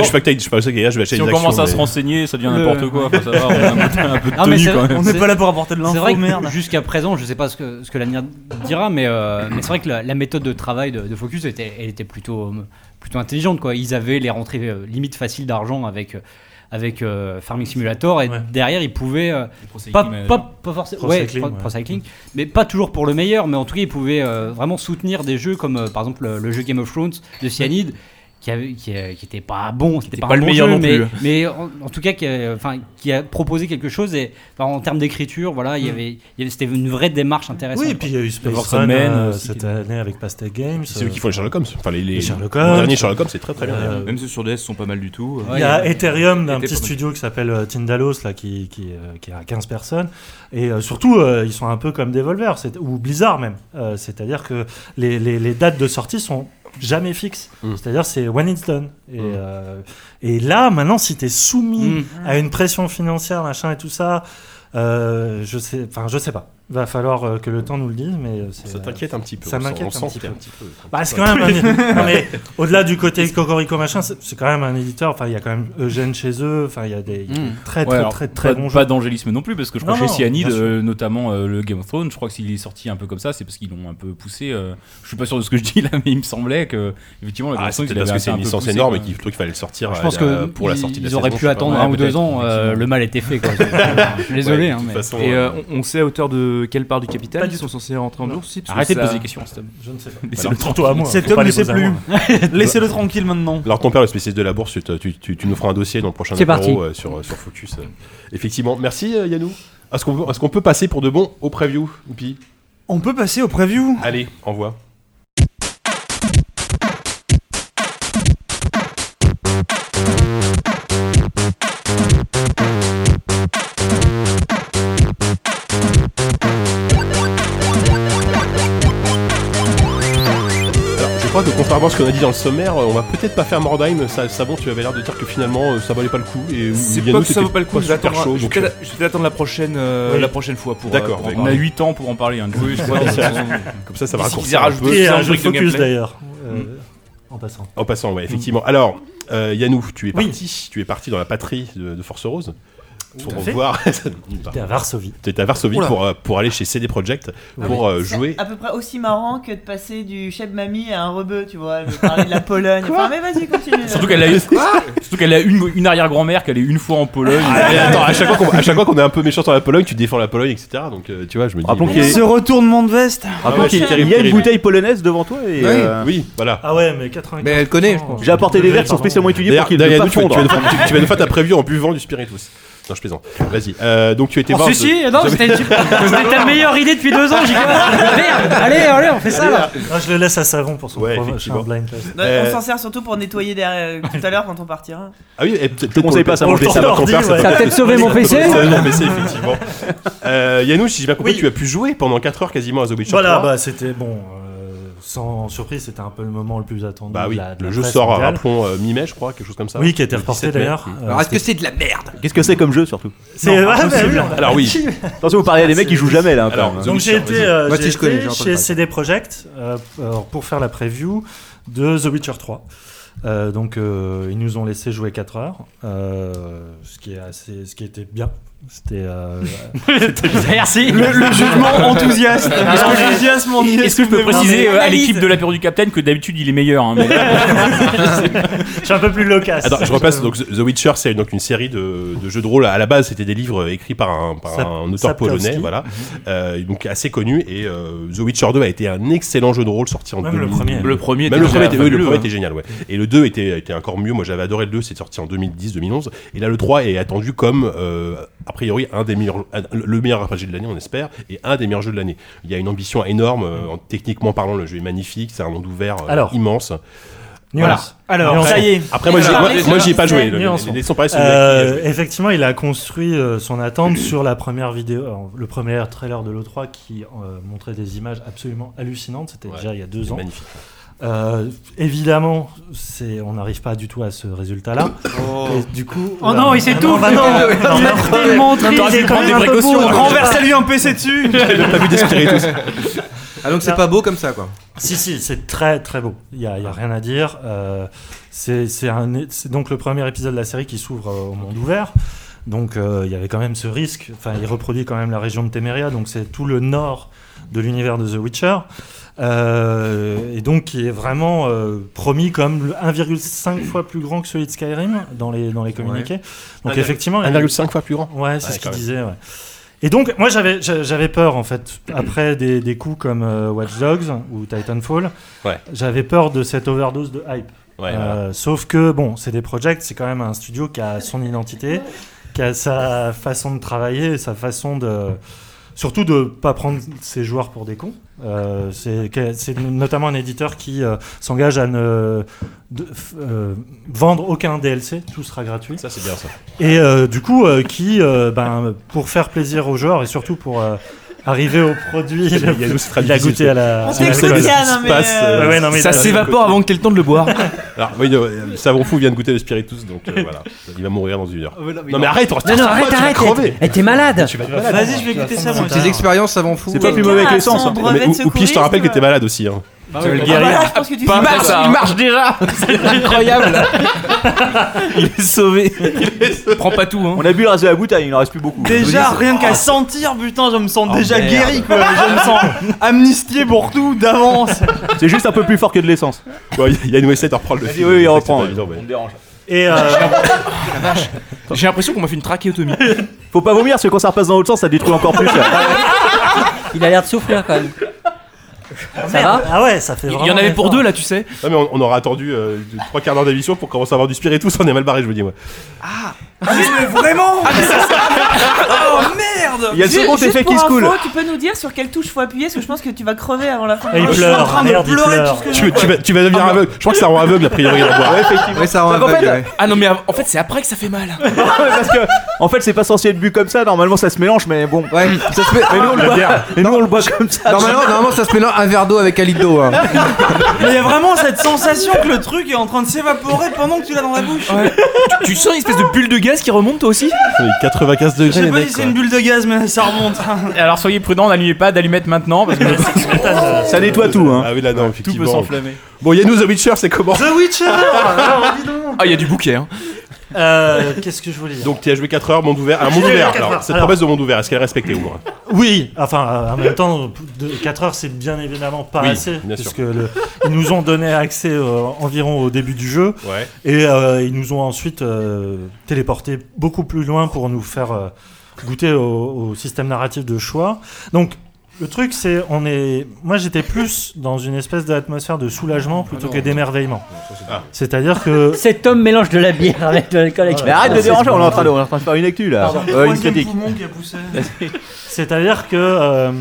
Speaker 2: pas, je vais acheter
Speaker 7: Si
Speaker 2: des
Speaker 7: on commence
Speaker 2: actions,
Speaker 7: à se
Speaker 2: mais-
Speaker 7: renseigner, ça devient
Speaker 9: Le-
Speaker 7: n'importe quoi. Enfin, ça va, on a un peu- un peu de
Speaker 9: Ah, mais
Speaker 7: tenue
Speaker 9: c'est-
Speaker 7: quand même.
Speaker 9: c'est- C'est vrai que
Speaker 12: merde.
Speaker 9: Jusqu'à présent, je sais pas ce que, ce que l'avenir dira, mais, euh, mais c'est vrai que la, la méthode de travail de, de Focus était, elle était plutôt, euh, plutôt intelligente. Quoi. Ils avaient les rentrées euh, limite faciles d'argent avec, euh, avec euh, Farming Simulator et derrière ils pouvaient. euh,
Speaker 7: Pro-cycling
Speaker 9: pas,
Speaker 7: manager.
Speaker 9: pas, pas forcément. Ouais,
Speaker 7: Pro-cycling,
Speaker 9: pro-
Speaker 7: ouais.
Speaker 9: pro-cycling, mais pas toujours pour le meilleur, mais en tout cas ils pouvaient euh, vraiment soutenir des jeux comme euh, par exemple le, le jeu Game of Thrones de Cyanide. Qui, avait- qui, euh, qui était pas bon, c'était
Speaker 10: était
Speaker 9: pas,
Speaker 10: pas
Speaker 9: un
Speaker 10: le
Speaker 9: bon
Speaker 10: meilleur
Speaker 9: jeu,
Speaker 10: non
Speaker 9: mais-
Speaker 10: plus.
Speaker 9: mais en, en tout cas qui a, enfin, qui a proposé quelque chose et enfin, en termes d'écriture voilà il y
Speaker 8: Mm.
Speaker 9: avait, il y avait- c'était une vraie démarche intéressante
Speaker 8: Oui, et puis il y a eu Space
Speaker 9: Workman,
Speaker 8: Run euh,
Speaker 9: euh,
Speaker 8: cette année avec Pastèque Games. euh,
Speaker 2: C'est eux qui font les Sherlock Holmes. Enfin, les, les-
Speaker 8: Les Sherlock
Speaker 2: le
Speaker 8: Holmes.
Speaker 2: dernier Sherlock Holmes, c'est très très bien.
Speaker 8: Euh,
Speaker 10: Même ceux sur DS sont pas mal du tout.
Speaker 8: Il y a Ethereum d'un
Speaker 10: Était
Speaker 8: petit
Speaker 10: pas mal.
Speaker 8: studio qui s'appelle euh, Tindalos là, qui, qui, euh, qui a 15 personnes. Et euh, surtout, euh, ils sont un peu comme Devolver, c'est- ou Blizzard même. Euh, C'est-à-dire que les, les- les dates de sortie sont jamais fixes. C'est-à-dire c'est when it's done. Et, euh, et là, maintenant, si tu es soumis
Speaker 9: Mm.
Speaker 8: à une pression financière, machin et tout ça, euh, je sais, enfin, je sais pas. Va falloir euh, que le temps nous le dise, mais euh, c'est-
Speaker 2: Ça t'inquiète un petit peu,
Speaker 8: Ça
Speaker 2: on sent-
Speaker 8: m'inquiète
Speaker 2: on
Speaker 8: un
Speaker 2: sent
Speaker 8: petit
Speaker 2: qu'il y
Speaker 8: peu.
Speaker 2: a un petit peu-
Speaker 8: Bah, c'est quand même. un- non, mais au-delà du côté cocorico machin, c'est c'est quand même un éditeur. Enfin, il y a quand même Eugène chez eux. Enfin, il y a des, il y a des
Speaker 7: Mm.
Speaker 8: très,
Speaker 7: Ouais,
Speaker 8: très,
Speaker 7: alors,
Speaker 8: très, très
Speaker 7: pas,
Speaker 8: bons
Speaker 7: Pas
Speaker 8: jeux.
Speaker 7: d'angélisme non plus, parce que je crois
Speaker 8: Non,
Speaker 7: que
Speaker 8: non,
Speaker 7: chez Cyanide,
Speaker 8: bien sûr.
Speaker 7: euh, notamment euh, le Game of Thrones, je crois que s'il est sorti un peu comme ça, c'est parce qu'ils l'ont un peu poussé. euh, je suis pas sûr de ce que je dis là, mais il me semblait que, effectivement, le Game
Speaker 2: Ah,
Speaker 7: of Thrones,
Speaker 2: c'est
Speaker 7: il
Speaker 2: parce
Speaker 7: avait
Speaker 2: que c'est
Speaker 7: un
Speaker 2: une
Speaker 7: peu
Speaker 2: licence
Speaker 7: poussé,
Speaker 2: énorme et
Speaker 7: quoi.
Speaker 2: qu'il faut qu'il fallait le sortir
Speaker 9: je pense
Speaker 2: à la-
Speaker 9: que
Speaker 2: pour la
Speaker 9: ils-
Speaker 2: sortie de la
Speaker 9: ils auraient
Speaker 2: saison,
Speaker 9: pu
Speaker 2: je sais
Speaker 9: attendre
Speaker 2: pas.
Speaker 9: un ou
Speaker 2: Ouais,
Speaker 9: deux
Speaker 2: peut-être,
Speaker 9: ans euh, le mal était fait quoi. désolé
Speaker 10: Ouais, de
Speaker 9: hein,
Speaker 10: toute
Speaker 9: mais-
Speaker 10: façon, Et euh, on, on sait à hauteur de quelle part du capital
Speaker 9: Pas
Speaker 10: ils
Speaker 9: du
Speaker 10: sont censés rentrer en
Speaker 9: Non.
Speaker 10: bourse si, parce que
Speaker 7: Arrêtez de
Speaker 10: ça-
Speaker 7: poser des questions, Stom.
Speaker 8: Je ne sais pas.
Speaker 10: Laissez-le
Speaker 2: Alors,
Speaker 10: tranquille.
Speaker 2: toi à moi.
Speaker 12: Cet
Speaker 2: Faut pas
Speaker 12: homme ne
Speaker 2: les
Speaker 12: sait
Speaker 2: poser à
Speaker 12: plus.
Speaker 2: moi.
Speaker 12: Laissez-le tranquille maintenant.
Speaker 2: Alors ton père, le spécialiste de la bourse, tu, tu- tu- tu nous feras un dossier dans le prochain
Speaker 12: C'est
Speaker 2: numéro,
Speaker 12: parti.
Speaker 2: euh, sur, euh, sur Focus. euh. Effectivement. Merci euh, Yannou. Est-ce qu'on peut, est-ce qu'on peut passer pour de bon au preview Oupi
Speaker 16: On peut passer au preview.
Speaker 2: Allez, envoie. Alors, Je crois que contrairement à ce qu'on a dit dans le sommaire, euh, on va peut-être pas faire Mordheim. Ça, Savon, tu avais l'air de dire que finalement euh, ça valait pas le coup. Et
Speaker 10: C'est
Speaker 2: Yannou,
Speaker 10: pas que ça
Speaker 2: c'était
Speaker 10: vaut pas le coup, je vais
Speaker 2: super
Speaker 10: attendre-
Speaker 2: chaud.
Speaker 10: je vais
Speaker 2: donc, euh,
Speaker 10: peut-être- je vais attendre la prochaine, euh,
Speaker 2: Oui.
Speaker 10: la prochaine fois pour.
Speaker 2: D'accord,
Speaker 10: euh, pour en
Speaker 2: d'accord.
Speaker 7: On a
Speaker 10: parler.
Speaker 7: 8 ans pour en parler. hein, du coup, je crois, de toute façon.
Speaker 2: Comme ça, ça va
Speaker 7: D'ici
Speaker 2: raccourcir
Speaker 7: qu'ils aient
Speaker 2: un
Speaker 7: rajouté cent
Speaker 2: peu.
Speaker 8: Et un
Speaker 7: trucs
Speaker 8: jeu
Speaker 7: de
Speaker 8: focus
Speaker 7: gameplay.
Speaker 8: d'ailleurs, euh,
Speaker 7: Hmm.
Speaker 8: en passant.
Speaker 7: Oh,
Speaker 2: En passant,
Speaker 10: Mm.
Speaker 2: ouais, effectivement. Alors, euh, Yannou, tu es parti, tu es parti dans la patrie de, de Force Rose. Pour
Speaker 8: à fait.
Speaker 2: voir.
Speaker 8: J'étais à Varsovie.
Speaker 2: Tu étais à Varsovie
Speaker 8: Oula. Ah
Speaker 2: pour, euh, pour aller chez CD Projekt pour euh, jouer.
Speaker 6: Ah, à peu près aussi marrant que de passer du chef mamie à un rebeu, tu vois. Je parlais de la Pologne. Enfin, mais vas-y, continue.
Speaker 7: Surtout qu'elle a, surtout qu'elle a une, une arrière-grand-mère qu'elle est une fois en Pologne.
Speaker 2: Ah, mais attends, à chaque fois qu'on- à chaque fois qu'on est un peu méchant sur la Pologne, tu défends la Pologne, etc. Donc, euh, tu vois, je me dis.
Speaker 7: Rappelons
Speaker 2: bon,
Speaker 7: qu'il y a-
Speaker 16: Ce retournement de veste.
Speaker 11: Ah,
Speaker 2: Rappelons qu'il y a
Speaker 11: Il y a une
Speaker 2: terrible.
Speaker 11: bouteille polonaise devant toi et.
Speaker 2: Oui.
Speaker 11: euh,
Speaker 2: Oui, voilà.
Speaker 8: Ah ouais, mais 80.
Speaker 5: Mais elle connaît, je pense.
Speaker 11: J'ai apporté des verres qui sont spécialement étudiés pour
Speaker 2: D'ailleurs,
Speaker 11: qu'ils ne pas
Speaker 2: Yannou, tu, vas- tu
Speaker 11: fondre.
Speaker 2: vas nous faire- tu- tu vas nous faire ta preview en buvant du spiritus. Non, je plaisante. Vas-y. Euh, donc, tu étais
Speaker 9: Oh,
Speaker 2: voir.
Speaker 9: si, si, non, c'était c'était
Speaker 8: Ah,
Speaker 9: ta meilleure idée depuis deux ans, j'y crois. Merde, allez, allez, on fait ça là.
Speaker 8: Ah, je le laisse à Savon pour son
Speaker 2: Ouais,
Speaker 8: prochain
Speaker 2: effectivement.
Speaker 8: blind test.
Speaker 6: Non,
Speaker 2: Euh,
Speaker 6: On s'en sert surtout pour nettoyer derrière, euh, tout à l'heure quand on partira.
Speaker 2: Ah oui, et peut-être
Speaker 11: Je conseille pas ça pour
Speaker 2: pour
Speaker 11: le
Speaker 2: ça va
Speaker 11: ordi,
Speaker 2: ton père,
Speaker 11: ouais.
Speaker 2: va
Speaker 11: Ça a peut-être sauvé mon PC.
Speaker 2: Ça a sauvé mon PC, effectivement. Euh, Yannou, si j'ai bien compris, tu as pu jouer pendant 4 heures quasiment à The Witcher
Speaker 8: Voilà,
Speaker 2: 3.
Speaker 8: bah c'était bon. euh, sans surprise, c'était un peu le moment le plus attendu.
Speaker 2: Bah oui,
Speaker 8: de la- de
Speaker 2: le
Speaker 8: la
Speaker 2: jeu
Speaker 8: presse
Speaker 2: sort,
Speaker 8: mondiale.
Speaker 2: rappelons, euh, mi-mai, je crois, quelque chose comme ça.
Speaker 8: Oui, qui a été
Speaker 2: Le
Speaker 8: reporté
Speaker 2: 17 mai.
Speaker 8: d'ailleurs.
Speaker 2: Mm.
Speaker 5: Alors, est-ce que c'est de la merde
Speaker 11: Qu'est-ce que c'est comme jeu surtout
Speaker 8: C'est-
Speaker 11: Non,
Speaker 8: ah, bah
Speaker 11: impossible.
Speaker 8: oui, on a-
Speaker 11: Alors oui. Attention, vous parlez à des mecs qui jouent jamais là. hein,
Speaker 8: Alors, donc j'ai été, euh, j'ai été chez CD Projekt euh, alors, pour faire la preview de The Witcher 3. Euh, donc euh, ils nous ont laissé jouer 4 heures, euh, ce qui est assez, ce qui était bien. C'était. euh,
Speaker 7: Merci. Le- le jugement enthousiaste.
Speaker 8: Ah,
Speaker 7: Parce que
Speaker 8: non, mais-
Speaker 7: l'enthousiasme en est- Est-ce que je peux préciser, euh, à l'équipe de l'apéro du Capitaine que d'habitude, il est meilleur, hein, mais-
Speaker 8: Je suis un peu plus loquace.
Speaker 2: Ah, Attends, je
Speaker 8: Euh,
Speaker 2: repasse. Donc, The The Witcher, c'est donc une série de, de jeux de rôle. À la base, c'était des livres écrits par un, par
Speaker 8: Sap-
Speaker 2: un auteur
Speaker 8: Sapkowski. Mhm.
Speaker 2: polonais, voilà, Euh, donc assez connu. Et euh, The Witcher 2 a été un excellent jeu de rôle sorti en
Speaker 8: Même le
Speaker 2: 2000.
Speaker 8: premier. Le premier
Speaker 2: Même
Speaker 8: était
Speaker 2: le premier
Speaker 8: très
Speaker 2: était, oui, le
Speaker 8: fabuleux,
Speaker 2: premier
Speaker 8: hein.
Speaker 2: était génial, ouais. Et le 2 était, était encore mieux. Moi, j'avais adoré le 2. C'est sorti en 2010-2011. Et là, le 3 est attendu comme euh, a priori un des meilleurs, un- le meilleur RPG de l'année, on espère, et un des meilleurs jeux de l'année. Il y a une ambition énorme, euh, en- techniquement parlant, le jeu est magnifique. C'est un monde ouvert euh,
Speaker 8: Alors.
Speaker 2: immense.
Speaker 8: Nuance.
Speaker 2: Voilà.
Speaker 8: Nuance.
Speaker 2: Après, moi, j'y- moi, moi, j'y ai pas joué. Les,
Speaker 8: Nuance.
Speaker 2: les, les sons paraissent
Speaker 8: Euh, effectivement, il a construit euh, son attente sur la première vidéo, euh, le premier trailer de l'O3 qui euh, montrait des images absolument hallucinantes. C'était déjà il y a deux
Speaker 2: c'est
Speaker 8: ans.
Speaker 2: magnifique.
Speaker 8: Euh, évidemment, c'est, on n'arrive pas du tout à ce résultat-là. Et du coup,
Speaker 9: Oh non, il
Speaker 8: s'est
Speaker 9: s'étouffe. Il a tellement tri-
Speaker 8: il est quand même un peu pauvre.
Speaker 12: Renverse-lui un PC dessus.
Speaker 8: J'avais pas vu d'espiritus.
Speaker 5: Ah, donc c'est
Speaker 8: Non.
Speaker 5: pas beau comme ça, quoi.
Speaker 8: Si, si, c'est très très beau. Il n'y a, il y a rien à dire. Euh, c'est c'est un- c'est donc le premier épisode de la série qui s'ouvre euh, au monde ouvert. Donc euh, il y avait quand même ce risque. Enfin, il reproduit quand même la région de Temeria, donc c'est tout le nord de l'univers de The Witcher. Euh, et donc qui est vraiment euh, promis comme le 1,5 fois plus grand que celui de Skyrim dans les, dans les communiqués. Donc
Speaker 2: Ouais.
Speaker 8: effectivement... il y a-
Speaker 2: 1,5 fois plus grand.
Speaker 8: Ouais, c'est
Speaker 2: Ouais,
Speaker 8: ce
Speaker 2: quand
Speaker 8: qu'il
Speaker 2: même.
Speaker 8: disait. ouais. Et donc, moi, j'avais, j'a- j'avais peur, en fait, après des, des coups comme euh, Watch Dogs ou Titanfall,
Speaker 2: Ouais.
Speaker 8: j'avais peur de cette overdose de hype.
Speaker 2: Ouais,
Speaker 8: Euh, Sauf que, bon, c'est des projects, c'est quand même un studio qui a son identité, qui a sa façon de travailler, sa façon de... Surtout de pas prendre ses joueurs pour des cons. Euh, c'est que- c'est notamment un éditeur qui euh, s'engage à ne de- f- euh, vendre aucun DLC, tout sera gratuit.
Speaker 2: Ça c'est bien ça.
Speaker 8: Et euh, du coup, euh, qui, euh, ben, pour faire plaisir aux joueurs et surtout pour euh, arriver au produit,
Speaker 2: Il y a nous, c'est très
Speaker 8: il a
Speaker 2: difficile.
Speaker 8: goûté à la.
Speaker 2: On
Speaker 8: à la
Speaker 2: t'écoute,
Speaker 8: colle.
Speaker 2: Yann, hein, mais, euh,
Speaker 8: Ouais, ouais, non, mais
Speaker 2: Ça
Speaker 8: de-
Speaker 2: s'évapore avant que
Speaker 10: t'aies le temps de le boire.
Speaker 2: Alors, oui, euh, le savon fou vient de goûter le spiritus, donc euh, voilà, il va mourir dans une heure. non, mais arrête, on
Speaker 4: Non, non, arrête, arrête, arrête. Eh, T'es malade.
Speaker 12: Vas-y, je vais goûter ça, moi.
Speaker 5: Tes expériences avant fou.
Speaker 2: C'est pas plus mauvais que les sens. hein. Ou, ou pire, je te rappelle que t'es malade aussi. Hein.
Speaker 12: Bah oui. Ah bah là, je pense que tu Pas fais mal, ça, hein.
Speaker 10: déjà C'est incroyable
Speaker 11: Il est sauvé. Prends pas
Speaker 8: hein.
Speaker 11: tout. On a bu le reste de la bouteille, il en reste plus beaucoup.
Speaker 12: Déjà, rien qu'à
Speaker 2: Ah,
Speaker 11: ça.
Speaker 12: sentir, putain, je me sens
Speaker 11: Oh,
Speaker 12: déjà
Speaker 11: merde.
Speaker 12: guéri, quoi. Je me sens amnistié pour tout d'avance.
Speaker 11: C'est juste un peu plus fort que de l'essence.
Speaker 2: Il y a une essaie de reprendre le
Speaker 11: film. Oui, oui, on reprend.
Speaker 2: On
Speaker 11: dérange.
Speaker 8: Et euh,
Speaker 11: J'ai l'impression qu'on m'a fait une trachéotomie. Faut pas vomir, parce que quand ça repasse dans l'autre sens, ça détruit encore plus. hein.
Speaker 4: Il a l'air de souffrir quand même. Ça va
Speaker 8: Ah ouais, ça fait
Speaker 11: Il y en vraiment avait pour effort. deux, là, tu sais.
Speaker 2: Non, mais on, on aura attendu euh, deux- trois quarts d'heure d'émission pour commencer à avoir du spiritus, on est mal barré, je vous dis, moi.
Speaker 6: mais vraiment Oh merde
Speaker 2: Il y a le second effet qui se coule.
Speaker 6: Tu peux nous dire sur quelle touche faut appuyer parce que je pense que tu vas crever avant la fin.
Speaker 2: Et il
Speaker 6: Je suis
Speaker 2: pleure,
Speaker 6: en train de
Speaker 2: merde, il
Speaker 6: pleurer
Speaker 2: pleure.
Speaker 6: tout ce que
Speaker 2: Tu, tu vas, tu vas devenir aveugle. Je crois que ça rend aveugle, a priori, la boire.
Speaker 11: Ouais, effectivement.
Speaker 2: Donc, en fait,
Speaker 11: euh,
Speaker 10: Ah non, mais av- en fait, c'est après que ça fait mal.
Speaker 11: parce que, en fait, c'est pas censé être bu comme ça. Normalement, ça se mélange, mais bon.
Speaker 5: Ouais, ça se fait.
Speaker 11: Mais nous, on le
Speaker 5: La
Speaker 11: boit,
Speaker 5: bière.
Speaker 11: mais nous, on le boit comme ça.
Speaker 5: Normalement, normalement, ça se mélange un verre d'eau avec un litre d'eau. hein.
Speaker 12: Mais il y a vraiment cette sensation que le truc est en train de s'évaporer pendant que tu l'as dans la bouche.
Speaker 10: Tu- tu sens une espèce de bulle de gaz qui remonte, toi aussi
Speaker 2: 95
Speaker 12: Je sais pas si c'est une bulle de gaz, mais ça remonte. Ah.
Speaker 7: Alors soyez prudents, n'allumez pas d'allumettes maintenant parce que
Speaker 11: ça nettoie tout. Hein.
Speaker 2: Ah oui, là, non,
Speaker 7: tout
Speaker 2: effectivement.
Speaker 7: peut s'enflammer.
Speaker 2: Bon, Yannou, The Witcher, c'est comment
Speaker 12: The Witcher Alors, dis donc.
Speaker 10: Ah, il y a du bouquet. Hein.
Speaker 8: Euh, qu'est-ce que je voulais dire
Speaker 2: Donc, tu as joué 4 heures, monde ouvert. Un monde
Speaker 8: J'ai joué
Speaker 2: ouvert,
Speaker 8: quatre
Speaker 2: alors.
Speaker 8: heures.
Speaker 2: Cette
Speaker 8: Alors.
Speaker 2: promesse de monde ouvert, est-ce qu'elle est respectée au moins
Speaker 8: Oui, enfin, euh, en même temps, 4 heures, c'est bien évidemment pas
Speaker 2: Oui,
Speaker 8: assez,
Speaker 2: bien sûr.
Speaker 8: puisque le- ils nous ont donné accès euh, environ au début du jeu,
Speaker 2: Ouais.
Speaker 8: et euh, ils nous ont ensuite euh, téléporté beaucoup plus loin pour nous faire euh, goûter au, au système narratif de choix. Donc, le truc, c'est, on est, moi, j'étais plus dans une espèce d'atmosphère de soulagement plutôt
Speaker 11: Ah
Speaker 8: que d'émerveillement. C'est-à-dire que Ah,
Speaker 4: Cet homme mélange de la bière avec de l'alcool.
Speaker 11: Mais Ah arrête de déranger, on est en train de, on est en train de faire une actu là.
Speaker 8: Pardon.
Speaker 11: Euh, une critique.
Speaker 8: C'est-à-dire que euh,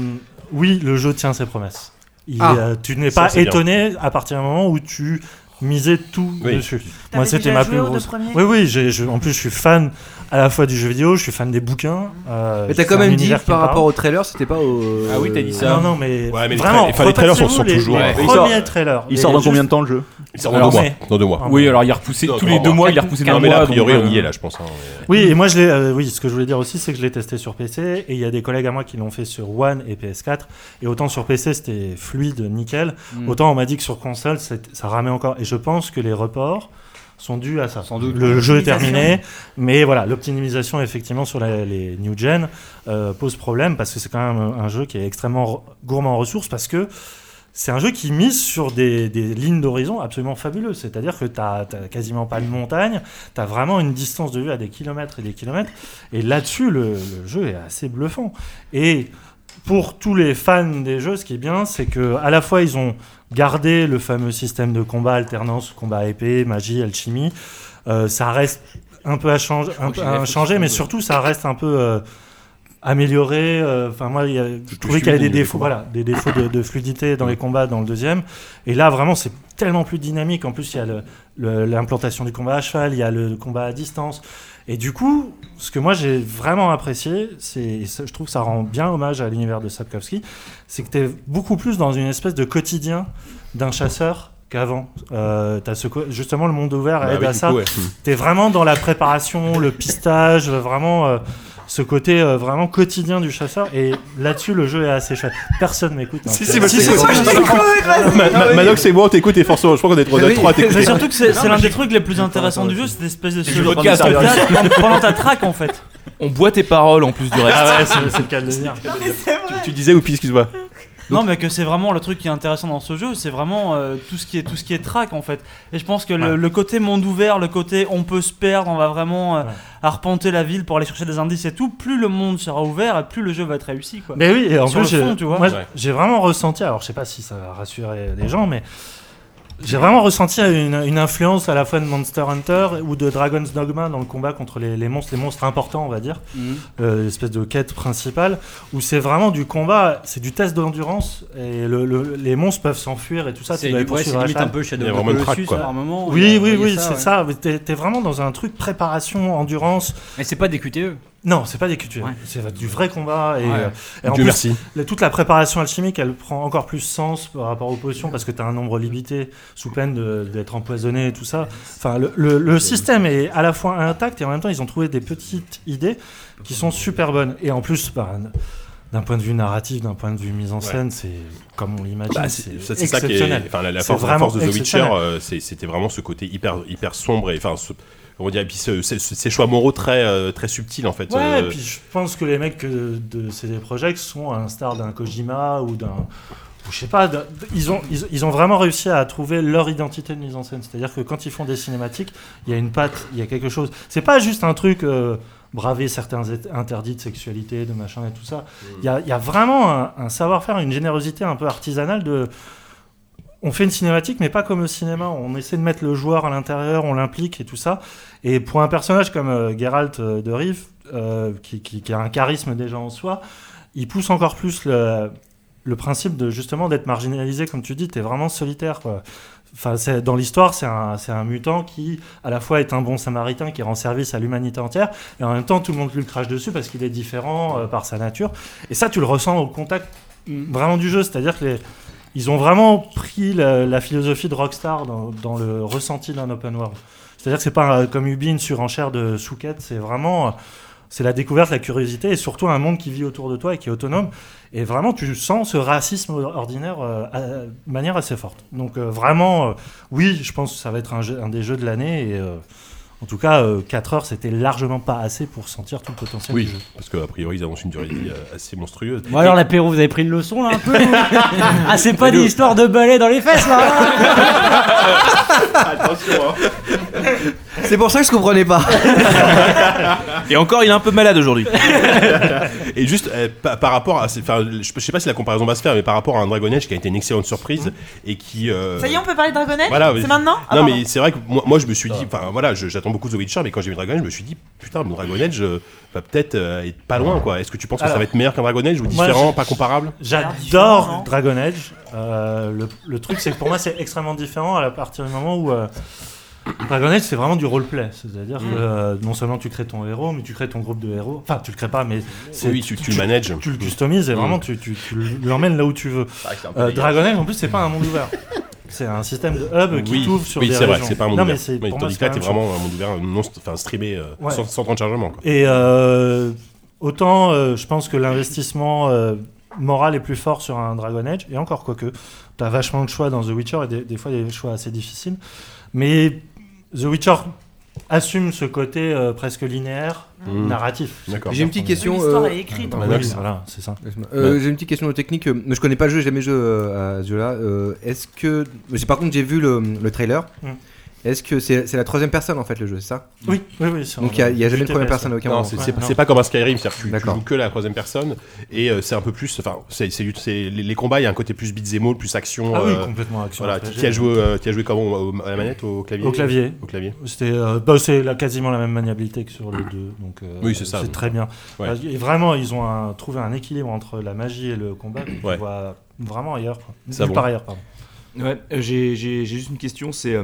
Speaker 8: oui, le jeu tient ses promesses. Il,
Speaker 11: Ah.
Speaker 8: euh, tu n'es
Speaker 11: Ça,
Speaker 8: pas
Speaker 11: c'est bien.
Speaker 8: étonné à partir du moment où tu miser tout
Speaker 2: Oui.
Speaker 8: dessus.
Speaker 2: T'avais déjà joué aux deux premiers
Speaker 8: Oui, oui, j'ai- je- en plus, je suis fan à la fois du jeu vidéo, je suis fan des bouquins. euh,
Speaker 5: Mais t'as
Speaker 8: c'est
Speaker 5: quand
Speaker 8: un
Speaker 5: même dit
Speaker 8: univers qui
Speaker 5: par
Speaker 8: me parle.
Speaker 5: rapport au trailer, c'était pas au. euh,
Speaker 8: Ah oui, t'as dit ça. Ah non, non, mais Ouais, mais les vraiment, trailers- enfin,
Speaker 7: les trailers sont- sont
Speaker 8: les- toujours- les premiers trailers,
Speaker 7: Il
Speaker 8: les-
Speaker 7: sort dans
Speaker 8: juste-
Speaker 7: combien de temps le jeu
Speaker 8: Il sort dans deux mois.
Speaker 2: Dans deux mois.
Speaker 7: Oui, alors il a repoussé tous les deux mois, il a repoussé d'un
Speaker 2: Non, mais là,
Speaker 7: mois,
Speaker 2: a priori,
Speaker 7: donc,
Speaker 2: on y
Speaker 7: euh,
Speaker 2: est là, je pense. hein.
Speaker 8: Oui, et moi, je l'ai, euh, oui, ce que je voulais dire aussi, c'est que je l'ai testé sur PC, et il y a des collègues à moi qui l'ont fait sur One et PS4, et autant sur PC, c'était fluide, nickel,
Speaker 11: Mm.
Speaker 8: autant on m'a dit que sur console, c'est- ça ramait encore, et je pense que les reports sont dus à ça. Sans
Speaker 11: doute.
Speaker 8: Le jeu est
Speaker 11: L'optimisation.
Speaker 8: terminé, mais voilà, l'optimisation, effectivement, sur la- les new gen euh, pose problème, parce que c'est quand même un jeu qui est extrêmement re- gourmand en ressources, parce que c'est un jeu qui mise sur des, des lignes d'horizon absolument fabuleuses. C'est-à-dire que tu n'as quasiment pas de montagne, tu as vraiment une distance de vue à des kilomètres et des kilomètres. Et là-dessus, le, le jeu est assez bluffant. Et pour tous les fans des jeux, ce qui est bien, c'est que à la fois, ils ont gardé le fameux système de combat, alternance, combat à épée, magie, alchimie. Euh, ça reste un peu à changer, un peu
Speaker 11: j'ai la
Speaker 8: à changer, mais
Speaker 11: photo.
Speaker 8: surtout, ça reste un peu... euh, amélioré, euh, enfin moi il y a- je trouvais
Speaker 11: suis
Speaker 8: qu'il y avait des
Speaker 11: au niveau des
Speaker 8: défauts,
Speaker 11: combats.
Speaker 8: voilà, des défauts de, de fluidité dans les combats dans le deuxième. Et là, vraiment, c'est tellement plus dynamique. En plus, il y a le- le- l'implantation du combat à cheval, il y a le combat à distance. Et du coup, ce que moi j'ai vraiment apprécié, c'est, et ça, je trouve que ça rend bien hommage à l'univers de Sapkowski, c'est que tu es beaucoup plus dans une espèce de quotidien d'un chasseur qu'avant. Euh, t'as ce co- justement, le monde ouvert
Speaker 2: Bah
Speaker 8: aide
Speaker 2: oui,
Speaker 8: à
Speaker 2: du
Speaker 8: ça.
Speaker 2: coup, ouais.
Speaker 8: T'es vraiment dans la préparation, le pistage, euh, vraiment euh, ce côté euh, vraiment quotidien du chasseur. Et là-dessus, le jeu est assez chouette. Personne m'écoute. hein.
Speaker 2: Si, si, bah, c'est- Ma- Ma- Manox et moi, t'écoutes et forcément, je crois qu'on est trop
Speaker 8: Mais oui.
Speaker 2: trois à t'écouter.
Speaker 12: Mais surtout que c'est
Speaker 8: Non,
Speaker 12: c'est
Speaker 8: mais
Speaker 12: l'un
Speaker 8: j'ai-
Speaker 12: des trucs les plus
Speaker 8: j'ai pas
Speaker 12: intéressants
Speaker 8: entendu.
Speaker 12: du jeu, cette espèce de
Speaker 8: Et
Speaker 12: solo
Speaker 8: du
Speaker 12: que
Speaker 8: podcast,
Speaker 12: t'as
Speaker 8: alors.
Speaker 12: pendant- pendant ta traque en fait.
Speaker 10: On boit tes paroles en plus du reste.
Speaker 8: Ah ouais, c'est- c'est le cas de le dire.
Speaker 2: Tu- Tu disais, Oupi, excuse-moi.
Speaker 12: Non, mais que c'est vraiment le truc qui est intéressant dans ce jeu, c'est vraiment euh, tout ce qui est tout ce qui est track en fait. Et je pense que le,
Speaker 11: Ouais.
Speaker 12: le côté monde ouvert, le côté on peut se perdre, on va vraiment euh, arpenter la ville pour aller chercher des indices et tout. Plus le monde sera ouvert, et plus le jeu va être réussi quoi.
Speaker 8: Mais oui, et en
Speaker 12: Sur
Speaker 8: plus,
Speaker 12: le
Speaker 8: j'ai-
Speaker 12: fond, tu vois.
Speaker 8: moi, j'ai vraiment ressenti, alors je sais pas si ça va rassurer les gens, mais j'ai vraiment ressenti une, une influence à la fois de Monster Hunter ou de Dragon's Dogma dans le combat contre les, les monstres, les monstres importants, on va dire,
Speaker 11: Mhm.
Speaker 8: Euh, l'espèce de quête principale, où c'est vraiment du combat, c'est du test d'endurance, et le- le- les monstres peuvent s'enfuir et tout ça.
Speaker 9: C'est
Speaker 8: tu dois
Speaker 9: du-
Speaker 8: les
Speaker 9: ouais,
Speaker 8: poursuivre
Speaker 9: c'est
Speaker 8: à
Speaker 9: limite
Speaker 8: cheval.
Speaker 9: un peu Shadow Il y a of the vraiment une traque, Colossus, quoi. par moment, il y
Speaker 8: Oui,
Speaker 9: a-
Speaker 8: oui,
Speaker 9: il y a
Speaker 8: oui,
Speaker 9: ça,
Speaker 8: c'est
Speaker 9: ouais.
Speaker 8: ça. T'es t'es vraiment dans un truc préparation, endurance.
Speaker 9: Mais c'est pas des QTE.
Speaker 8: Non, c'est pas des QTE.
Speaker 9: Ouais.
Speaker 8: C'est du vrai combat. Et,
Speaker 9: Ouais.
Speaker 8: euh, et en
Speaker 2: Dieu
Speaker 8: plus,
Speaker 2: merci.
Speaker 8: la- toute la préparation alchimique, elle prend encore plus sens par rapport aux potions parce que tu as un nombre limité sous peine de- d'être empoisonné et tout ça. Enfin, le, le- le système est à la fois intact et en même temps, ils ont trouvé des petites idées qui sont super bonnes. Et en plus, bah, d'un point de vue narratif, d'un point de vue mise en scène, c'est comme on l'imagine.
Speaker 2: Bah,
Speaker 8: c'est
Speaker 2: c'est ça, c'est ça qui est.
Speaker 8: exceptionnel.
Speaker 2: Enfin, la, la
Speaker 8: C'est
Speaker 2: force, la
Speaker 8: vraiment
Speaker 2: force de The Witcher,
Speaker 8: exceptionnel.
Speaker 2: euh, c'est- c'était vraiment ce côté hyper, hyper sombre et enfin, ce- comment dire, et puis ce- ce- ce- ces choix moraux très, euh, très subtils en fait.
Speaker 8: Ouais,
Speaker 2: euh,
Speaker 8: et puis je pense que les mecs euh, de CD Projekt sont à l'instar d'un Kojima ou d'un. ou Je sais pas, d'un- ils ont, ils, ils ont vraiment réussi à trouver leur identité de mise en scène. C'est-à-dire que quand ils font des cinématiques, il y a une patte, il y a quelque chose. C'est pas juste un truc euh, braver certains ét- interdits de sexualité, de machin et tout ça.
Speaker 2: Mm.
Speaker 8: Il y a, il y a vraiment un, un savoir-faire, une générosité un peu artisanale de. On fait une cinématique, mais pas comme au cinéma. On essaie de mettre le joueur à l'intérieur, on l'implique et tout ça. Et pour un personnage comme euh, Geralt euh, de Rive, euh, qui, qui- qui a un charisme déjà en soi, il pousse encore plus le, le principe de justement d'être marginalisé, comme tu dis. T'es vraiment solitaire. Quoi. Enfin, c'est- dans l'histoire, c'est un, c'est un mutant qui, à la fois, est un bon samaritain qui rend service à l'humanité entière, et en même temps, tout le monde lui crache dessus parce qu'il est différent euh, par sa nature. Et ça, tu le ressens au contact vraiment du jeu. C'est-à-dire que les- ils ont vraiment pris la, la philosophie de Rockstar dans, dans le ressenti d'un open world. C'est-à-dire que c'est pas euh, comme Ubi une surenchère de sous-quêtes, c'est vraiment euh, c'est la découverte, la curiosité et surtout un monde qui vit autour de toi et qui est autonome. Et vraiment, tu sens ce racisme ordinaire euh, à- de manière assez forte. Donc euh, vraiment, euh, oui, je pense que ça va être un, jeu- un des jeux de l'année. Et, euh, en tout cas, 4 heures, c'était largement pas assez pour sentir tout le potentiel
Speaker 2: oui,
Speaker 8: du jeu.
Speaker 2: parce qu'a priori, ils avancent une durée de vie euh, assez monstrueuse.
Speaker 9: Bon alors l'apéro, vous avez pris une leçon là un peu vous Ah c'est pas des histoires de balai dans les fesses là hein
Speaker 5: C'est pour ça que je comprenais pas.
Speaker 10: Et encore, il est un peu malade aujourd'hui.
Speaker 2: Et juste euh, pa- par rapport à, ces- enfin, je je sais pas si la comparaison va se faire, mais par rapport à un Dragon Age qui a été une excellente surprise et qui. euh,
Speaker 6: Ça y est, on peut parler de Dragon Age
Speaker 2: Voilà, oui.
Speaker 6: C'est maintenant Ah,
Speaker 2: Non,
Speaker 6: pardon.
Speaker 2: mais c'est vrai que moi, moi, je me suis dit, enfin voilà, je- j'attends beaucoup The Witcher, mais quand j'ai vu Dragon Age, je me suis dit, putain, mon Dragon Age euh, va peut-être euh, être pas loin, quoi. Est-ce que tu penses que ça
Speaker 8: Alors,
Speaker 2: va être meilleur qu'un Dragon Age ou
Speaker 8: Moi,
Speaker 2: différent,
Speaker 8: je-
Speaker 2: pas comparable
Speaker 8: J'adore Dragon Age. Euh, le, le truc, c'est que pour moi, c'est extrêmement différent à partir du moment où. euh, Dragon Age, c'est vraiment du roleplay. C'est-à-dire
Speaker 2: Mm.
Speaker 8: que euh, non seulement tu crées ton héros, mais tu crées ton groupe de héros. Enfin, tu le crées pas, mais c'est-
Speaker 2: Oui, tu- tu le manages.
Speaker 8: Tu le customises et
Speaker 2: Mm.
Speaker 8: vraiment, tu, tu- tu l'emmènes là où tu veux.
Speaker 2: vrai que c'est un peu
Speaker 8: Euh,
Speaker 2: dégueulasse.
Speaker 8: Dragon Age, en plus, c'est pas un monde ouvert. C'est un système de hub qui
Speaker 2: oui,
Speaker 8: t'ouvre sur
Speaker 2: oui,
Speaker 8: des
Speaker 2: c'est vrai,
Speaker 8: régions.
Speaker 2: c'est pas un monde
Speaker 8: Non,
Speaker 2: ouvert.
Speaker 8: mais c'est-
Speaker 2: Oui,
Speaker 8: pour moi,
Speaker 2: tandis
Speaker 8: c'est
Speaker 2: que là,
Speaker 8: pas
Speaker 2: t'es
Speaker 8: la même chose.
Speaker 2: vraiment un monde ouvert, non, enfin, streamé euh,
Speaker 8: Ouais.
Speaker 2: sans, sans temps de chargement. Quoi.
Speaker 8: Et euh, autant euh, je pense que l'investissement euh, moral est plus fort sur un Dragon Age, et encore quoique, tu as vachement de choix dans The Witcher, et des, des fois des choix assez difficiles. Mais The Witcher assume ce côté euh, presque linéaire,
Speaker 5: Mmh.
Speaker 8: narratif. Ah,
Speaker 5: D'accord. J'ai une petite question, Oui, l'histoire, euh, elle est écrite,
Speaker 8: Oui,
Speaker 5: hein. Manox.
Speaker 8: voilà, c'est ça.
Speaker 5: Euh, J'ai une petite question technique. euh, Je connais pas le jeu, j'ai jamais joué euh, à ce jeu-là. Euh, Est-ce que. mais j'ai- Par contre, j'ai vu le, le trailer.
Speaker 8: Mm.
Speaker 5: Est-ce que c'est c'est la troisième personne en fait le jeu, c'est ça
Speaker 8: Oui, oui, oui, c'est
Speaker 5: Donc
Speaker 8: un-
Speaker 5: il y a- il y a, jamais
Speaker 8: du
Speaker 5: de première
Speaker 8: TPS,
Speaker 5: personne à aucun
Speaker 2: Non,
Speaker 5: moment.
Speaker 2: c'est- c'est c'est pas comme un Skyrim, c'est-à-dire que tu- tu, joues que la troisième personne et euh, c'est un peu plus. Enfin, c'est c'est- c'est- les, les combats, il y a un côté plus beat'em all, plus action. euh,
Speaker 8: Ah oui, complètement action,
Speaker 2: Voilà,
Speaker 8: RPG.
Speaker 2: qui a joué, euh, qui a joué comment au- au- à la manette, au clavier
Speaker 8: Au clavier.
Speaker 2: Au clavier.
Speaker 8: C'était, euh, bah, c'est la- quasiment la même maniabilité que sur le 2. Donc, euh,
Speaker 2: Oui, c'est ça.
Speaker 8: C'est très bien.
Speaker 2: Ouais.
Speaker 8: Parce que- et vraiment, ils ont un- trouvé un équilibre entre la magie et le combat qu'on voit vraiment ailleurs. quoi.
Speaker 10: Ça
Speaker 8: Nulle
Speaker 10: va.
Speaker 8: part ailleurs, pardon.
Speaker 10: Ouais, euh, j'ai j'ai- j'ai juste une question, c'est. euh,